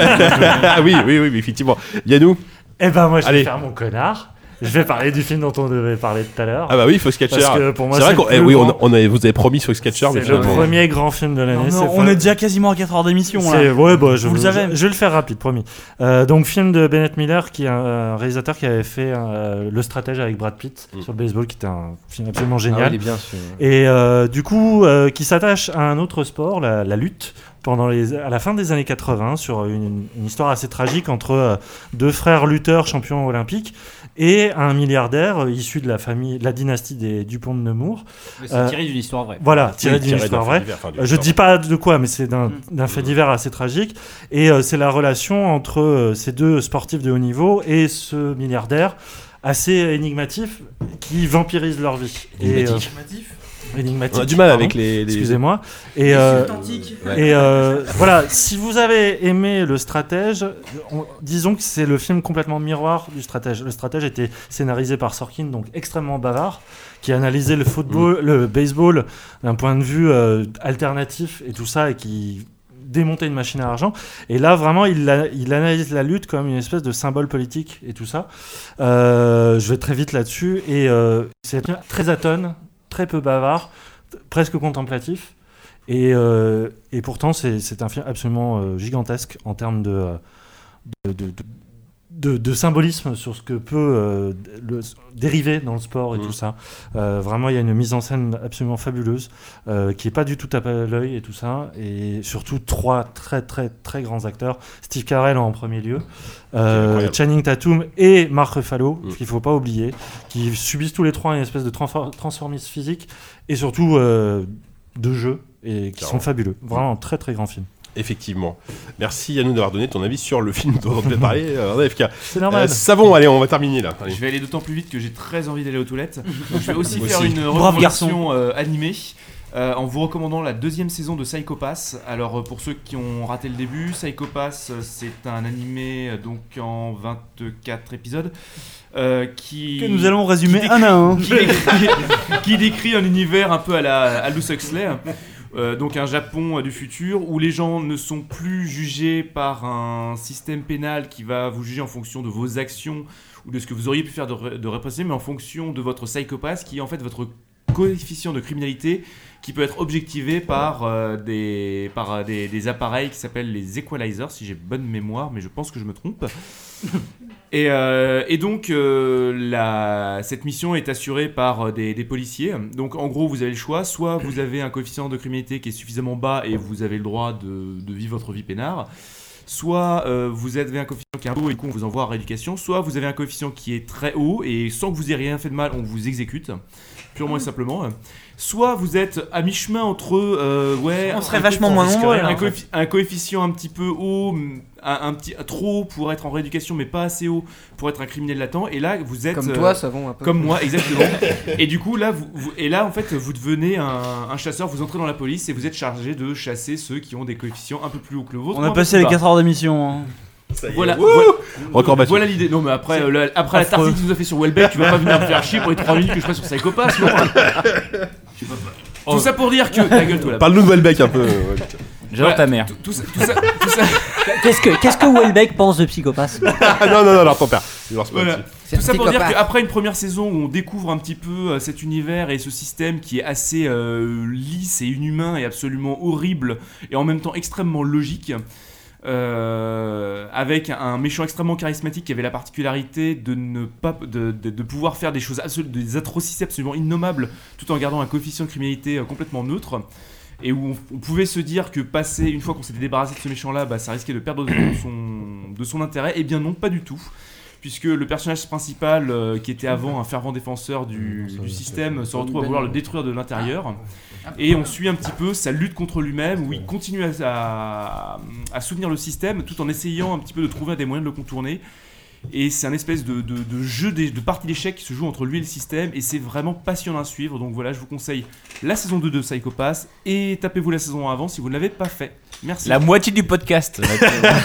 Speaker 2: ah oui, oui, oui, mais effectivement. Yannou
Speaker 8: Eh ben, moi, je
Speaker 2: Allez.
Speaker 8: vais faire mon connard. Je vais parler du film dont on devait parler tout à l'heure.
Speaker 2: Ah bah oui, Faux Sketcher.
Speaker 8: Parce que pour moi,
Speaker 2: c'est vrai
Speaker 8: c'est
Speaker 2: qu'on
Speaker 8: le
Speaker 2: eh
Speaker 8: plus
Speaker 2: oui, on,
Speaker 8: grand-
Speaker 2: on avait- vous avez promis Faux Sketcher, mais
Speaker 8: C'est le
Speaker 2: finalement-
Speaker 8: premier grand film de l'année.
Speaker 12: Non, mais
Speaker 8: c'est
Speaker 12: on
Speaker 8: pas-
Speaker 12: est déjà quasiment à 4 heures d'émission. là.
Speaker 8: C'est- ouais, bah, je,
Speaker 12: Vous le
Speaker 8: je-
Speaker 12: savez.
Speaker 8: je vais le faire rapide, promis. Euh, donc, film de Bennett Miller, qui est un, un réalisateur qui avait fait euh, Le Stratège avec Brad Pitt
Speaker 13: Mm.
Speaker 8: sur le baseball, qui était un film absolument génial.
Speaker 20: Ah oui, il est bien, celui-là.
Speaker 8: Et euh, du coup, euh, qui s'attache à un autre sport, la, la lutte, pendant les, à la fin des années 80, sur une, une histoire assez tragique entre euh, deux frères lutteurs champions olympiques et un milliardaire euh, issu de la famille, de la dynastie des Dupont de Nemours. Euh,
Speaker 13: Mais c'est tiré d'une histoire vraie.
Speaker 8: Voilà, tiré
Speaker 13: Oui,
Speaker 8: d'une
Speaker 13: tiré d'un
Speaker 8: histoire
Speaker 13: fait
Speaker 8: vraie.
Speaker 13: divers, enfin, d'une
Speaker 8: Euh, je
Speaker 13: histoire
Speaker 8: dis pas de quoi, mais c'est d'un d'un fait divers assez tragique. Et euh, c'est la relation entre euh, ces deux sportifs de haut niveau et ce milliardaire assez énigmatif qui vampirise leur vie. Et, euh, énigmatique.
Speaker 2: On a du mal
Speaker 8: pardon.
Speaker 2: avec les- les-
Speaker 8: Excusez-moi. Et,
Speaker 2: Les
Speaker 8: euh,
Speaker 2: substantifs.
Speaker 8: et euh, voilà, si vous avez aimé le stratège, on- disons que c'est le film complètement miroir du stratège. Le stratège était scénarisé par Sorkin, donc extrêmement bavard, qui analysait le
Speaker 2: Mm.
Speaker 8: football, le baseball d'un point de vue euh, alternatif et tout ça, et qui démonter une machine à argent. Et là, vraiment, il, la- il analyse la lutte comme une espèce de symbole politique et tout ça. Euh, je vais très vite là-dessus. Et euh, c'est très atone, très peu bavard, t- presque contemplatif. Et, euh, et pourtant, c'est c'est un film absolument euh, gigantesque en termes de, euh, de- de- de- de, de symbolisme sur ce que peut euh, le, dériver dans le sport
Speaker 2: Mmh.
Speaker 8: et tout ça. Euh, vraiment, il y a une mise en scène absolument fabuleuse euh, qui est pas du tout tape à l'œil et tout ça. Et surtout, trois très très très grands acteurs. Steve Carell en premier lieu, euh, Channing Tatum et Mark Ruffalo,
Speaker 2: Mmh.
Speaker 8: qu'il faut pas oublier, qui subissent tous les trois une espèce de transfor- transformisme physique et surtout euh, de jeu et qui sont fabuleux. Vraiment, très très grand film.
Speaker 2: Effectivement. Merci Yannou d'avoir donné ton avis sur le film dont on devait parler. euh, en AFK.
Speaker 8: C'est normal.
Speaker 2: savon, allez, on va terminer là. Allez.
Speaker 10: Je vais aller d'autant plus vite que j'ai très envie d'aller aux toilettes. Donc, je vais aussi
Speaker 2: Moi
Speaker 10: faire
Speaker 2: aussi.
Speaker 10: une
Speaker 2: Brave
Speaker 10: recommandation euh, animée euh, en vous recommandant la deuxième saison de Psycho Pass. Alors euh, pour ceux qui ont raté le début, Psycho Pass, euh, c'est un animé euh, donc en 24 épisodes. euh, qui,
Speaker 12: Que nous allons résumer
Speaker 10: qui
Speaker 12: un à un.
Speaker 10: Qui décrit, qui décrit un univers un peu à la à Aldous Huxley, euh, donc un Japon euh, du futur où les gens ne sont plus jugés par un système pénal qui va vous juger en fonction de vos actions ou de ce que vous auriez pu faire de, ré- de répressé, mais en fonction de votre psychopathe qui est en fait votre coefficient de criminalité qui peut être objectivé par, euh, des, par euh, des, des appareils qui s'appellent les equalizers, si j'ai bonne mémoire, mais je pense que je me trompe. Et, euh, et donc, euh, la- cette mission est assurée par euh, des, des policiers. Donc, en gros, vous avez le choix. Soit vous avez un coefficient de criminalité qui est suffisamment bas et vous avez le droit de, de vivre votre vie peinard. Soit euh, vous avez un coefficient qui est un peu haut et du coup, on vous envoie à rééducation. Soit vous avez un coefficient qui est très haut et sans que vous ayez rien fait de mal, on vous exécute. Purement et simplement. Soit vous êtes à mi-chemin entre. euh, ouais,
Speaker 6: On
Speaker 10: un
Speaker 6: serait vachement moins
Speaker 10: coefficient-
Speaker 6: nombreux, là,
Speaker 10: un
Speaker 6: en fait.
Speaker 10: coefficient- un coefficient un petit peu haut, mm, un, un petit trop haut pour être en rééducation, mais pas assez haut pour être un criminel latent. Et là, vous êtes euh,
Speaker 20: Comme toi, Savon, un peu.
Speaker 10: Comme moi, exactement. et du coup, là, vous, vous- et là, en fait, vous devenez un, un chasseur. Vous entrez dans la police et vous êtes chargé de chasser ceux qui ont des coefficients un peu plus hauts que le vôtre.
Speaker 12: On
Speaker 10: ou un
Speaker 12: a
Speaker 10: peu
Speaker 12: passé
Speaker 10: plus
Speaker 12: les
Speaker 10: bas.
Speaker 12: 4 heures d'émission. hein.
Speaker 10: Voilà,
Speaker 12: Wouh
Speaker 10: voilà,
Speaker 12: Record battu.
Speaker 10: voilà l'idée. Non, mais après,
Speaker 12: C'est
Speaker 10: euh, la- après la
Speaker 12: affreux.
Speaker 10: tartine que tu nous as fait sur Welbeck, tu vas pas venir me faire chier pour les 3 minutes que je passe sur Psychopath. non Tu vas pas-
Speaker 6: Oh.
Speaker 10: Tout ça pour dire que. Ta gueule, toi, là.
Speaker 2: Parle-nous de Welbeck un peu. euh,
Speaker 7: J'adore ta mère.
Speaker 10: Tout ça- tout ça- tout ça-
Speaker 4: Qu'est-ce que, qu'est-ce que Welbeck pense de Psychopath
Speaker 2: non, non, non, non, ton père. Il lance pas
Speaker 10: Voilà.
Speaker 2: là-dessus.
Speaker 10: Tout ça pour dire qu'après une première saison où on découvre un petit peu euh, cet univers et ce système qui est assez euh, lisse et inhumain et absolument horrible et en même temps extrêmement logique, euh, avec un méchant extrêmement charismatique qui avait la particularité de ne pas de, de- de pouvoir faire des choses absolues, des atrocités absolument innommables tout en gardant un coefficient de criminalité euh, complètement neutre. Et où on, on pouvait se dire que passer une fois qu'on s'était débarrassé de ce méchant-là, bah, ça risquait de perdre de son, de son intérêt. Eh bien non, pas du tout puisque le personnage principal, euh, qui était avant un fervent défenseur du, du système, se retrouve à vouloir le détruire de l'intérieur.
Speaker 2: Ah.
Speaker 10: Et on suit un petit peu sa lutte contre lui-même, où il continue à, à- à soutenir le système, tout en essayant un petit peu de trouver des moyens de le contourner. Et c'est un espèce de, de- de jeu, des- de partie d'échecs qui se joue entre lui et le système, et c'est vraiment passionnant à suivre. Donc voilà, je vous conseille la saison 2 de Psycho Pass, et tapez-vous la saison 1 avant si vous ne l'avez pas fait. Merci.
Speaker 7: La moitié du podcast.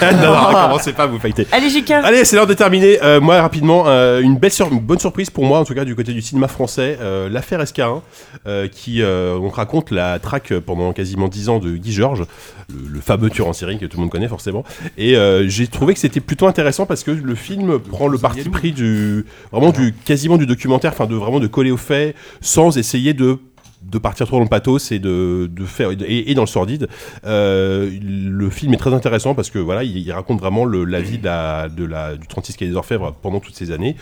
Speaker 2: non, non, commencez pas à vous fighter.
Speaker 6: Allez, JK.
Speaker 2: Allez, c'est l'heure de terminer. Euh, moi, rapidement, euh, une, belle sur- une bonne surprise pour moi, en tout cas du côté du cinéma français, euh, l'affaire SK1, euh, qui euh, donc raconte la traque pendant quasiment 10 ans de Guy Georges, le, le fameux tueur en série que tout le monde connaît forcément. Et euh, j'ai trouvé que c'était plutôt intéressant parce que le film prend le parti pris du vraiment du quasiment du documentaire, enfin de vraiment de coller aux faits, sans essayer de de partir trop dans le pathos et de, de faire et, et dans le sordide Euh, le film est très intéressant parce que voilà il, il raconte vraiment le- la vie de la, de la- du 36 quai des Orfèvres pendant toutes ces années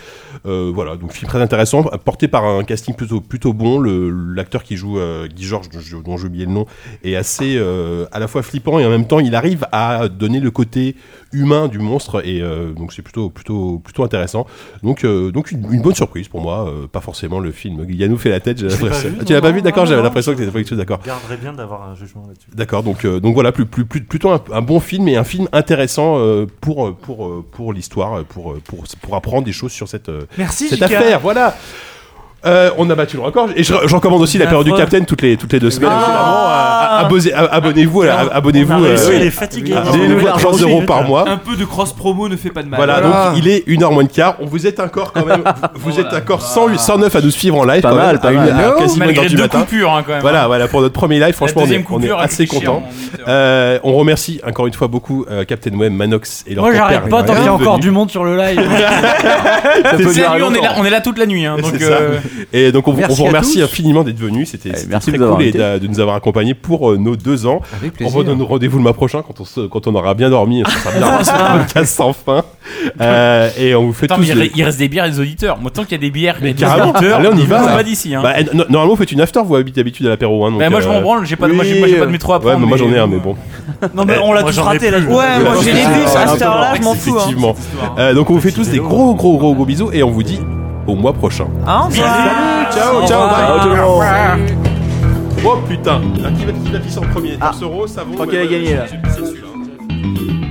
Speaker 2: Euh, voilà donc film très intéressant porté par un casting plutôt plutôt bon Le- l'acteur qui joue euh, Guy Georges dont je- dont j'ai oublié le nom est assez euh, à la fois flippant et en même temps il arrive à donner le côté humain du monstre et euh, donc c'est plutôt plutôt plutôt intéressant donc euh, donc une, une bonne surprise pour moi euh, pas forcément le film Yannou fait la tête j'ai
Speaker 8: Je l'ai pas
Speaker 2: l'impression-
Speaker 8: vu,
Speaker 2: Ah, tu
Speaker 8: non,
Speaker 2: l'as pas
Speaker 8: non,
Speaker 2: vu d'accord
Speaker 8: non,
Speaker 2: j'avais
Speaker 8: non,
Speaker 2: l'impression que t'étais pas du tout d'accord
Speaker 8: Garderait bien d'avoir un jugement là-dessus.
Speaker 2: D'accord, donc, euh, donc voilà, plus, plus, plus- plutôt un, un bon film et un film intéressant euh, pour, euh, pour, euh, pour l'histoire, euh, pour, euh, pour, pour apprendre des choses sur cette, euh,
Speaker 12: Merci,
Speaker 2: cette
Speaker 12: JK.
Speaker 2: affaire. Voilà. Euh, on a battu le record et je, je recommande aussi la période du
Speaker 12: Affreux.
Speaker 2: Capitaine toutes les, toutes les deux semaines.
Speaker 12: Ah.
Speaker 2: évidemment, à- à- abosez- à- Abonnez-vous, à la-
Speaker 12: On a
Speaker 10: Ah
Speaker 2: abonnez-vous. euh,
Speaker 12: réussi, il est fatigué.
Speaker 2: Abonnez-vous à 3 euros par mois.
Speaker 10: Un peu de cross-promo ne fait pas de mal. Ah.
Speaker 2: Voilà, donc il est 1h moins de quart. On vous êtes encore quand même. Vous, vous êtes encore 100 109 à nous suivre en live.
Speaker 10: Pas
Speaker 2: quand
Speaker 10: mal,
Speaker 2: même,
Speaker 10: pas
Speaker 2: à une-
Speaker 10: mal.
Speaker 2: à
Speaker 10: Oh.
Speaker 2: quasiment
Speaker 10: Malgré
Speaker 2: une heure du
Speaker 10: deux
Speaker 2: matin.
Speaker 10: coupures, hein, quand même,
Speaker 2: Voilà,
Speaker 10: hein.
Speaker 2: voilà pour notre premier live. Franchement, on est,
Speaker 10: deuxième
Speaker 2: on est
Speaker 10: coupure a
Speaker 2: assez
Speaker 10: coûté cher,
Speaker 2: content. Euh, on remercie encore une fois beaucoup euh, Captain Web, Manox et leur
Speaker 9: Moi,
Speaker 2: compère
Speaker 9: j'arrête pas
Speaker 2: Ryan
Speaker 9: tant qu'il y a
Speaker 2: Venus.
Speaker 9: encore du monde sur le live.
Speaker 2: Ça peut
Speaker 7: C'est
Speaker 2: durer
Speaker 7: lui, on est
Speaker 2: longtemps.
Speaker 7: là, on est là toute la nuit. hein, donc,
Speaker 2: C'est ça.
Speaker 7: euh,
Speaker 2: Et donc on, vous- on
Speaker 7: merci
Speaker 2: vous
Speaker 7: à
Speaker 2: remercie
Speaker 7: tous.
Speaker 2: infiniment d'être venus. C'était c'était
Speaker 11: merci
Speaker 2: très
Speaker 11: de nous avoir
Speaker 2: cool et de,
Speaker 11: invités.
Speaker 2: de nous avoir accompagnés pour euh, nos deux ans. on
Speaker 11: plaisir.
Speaker 2: vous donne rendez-vous le mois prochain quand on, se- quand on aura bien dormi. et On sera bien lancé dans un podcast sans fin. Euh, et on vous fait
Speaker 7: Attends,
Speaker 2: tous.
Speaker 7: mais il,
Speaker 2: le-
Speaker 7: re- il reste des bières et des auditeurs. Moi, tant qu'il y a des bières et
Speaker 2: Mais
Speaker 7: des
Speaker 2: carrément,
Speaker 7: auditeurs,
Speaker 2: allez, on y va.
Speaker 7: On
Speaker 2: là.
Speaker 7: va d'ici. Hein.
Speaker 2: Bah, eh, no- normalement, vous faites une after, vous habitez d'habitude à l'apéro. Hein, donc,
Speaker 7: Bah, moi, je m'en
Speaker 2: euh,
Speaker 7: branle, j'ai pas de- moi, j'ai- moi, j'ai pas de métro à prendre,
Speaker 2: Ouais, mais moi, j'en ai
Speaker 7: mais- euh,
Speaker 2: un, mais bon.
Speaker 12: Non, mais
Speaker 2: Eh,
Speaker 12: on l'a
Speaker 2: moi,
Speaker 12: tous
Speaker 2: j'en ai
Speaker 12: raté, là.
Speaker 2: plus,
Speaker 12: Ouais,
Speaker 2: je-
Speaker 12: moi,
Speaker 2: je-
Speaker 12: j'ai
Speaker 2: je-
Speaker 12: les
Speaker 2: je-
Speaker 12: bus,
Speaker 2: je-
Speaker 12: à cette
Speaker 2: je-
Speaker 12: heure-là, je m'en fous, hein.
Speaker 2: Effectivement. Euh, Donc, on vous fait tous des gros, gros, gros, gros bisous et on vous dit au mois prochain.
Speaker 12: Au revoir.
Speaker 2: Ciao,
Speaker 12: Au
Speaker 2: ciao,
Speaker 12: revoir.
Speaker 2: bye.
Speaker 12: Ciao, tout le monde.
Speaker 2: Salut. Oh putain, Ah, qui va qui va pisser en premier 10 euros, ça vaut.
Speaker 12: crois
Speaker 2: mais
Speaker 12: qu'il a
Speaker 2: moi,
Speaker 12: gagné,
Speaker 2: j'ai-
Speaker 12: là.
Speaker 2: j'ai pissé dessus, là.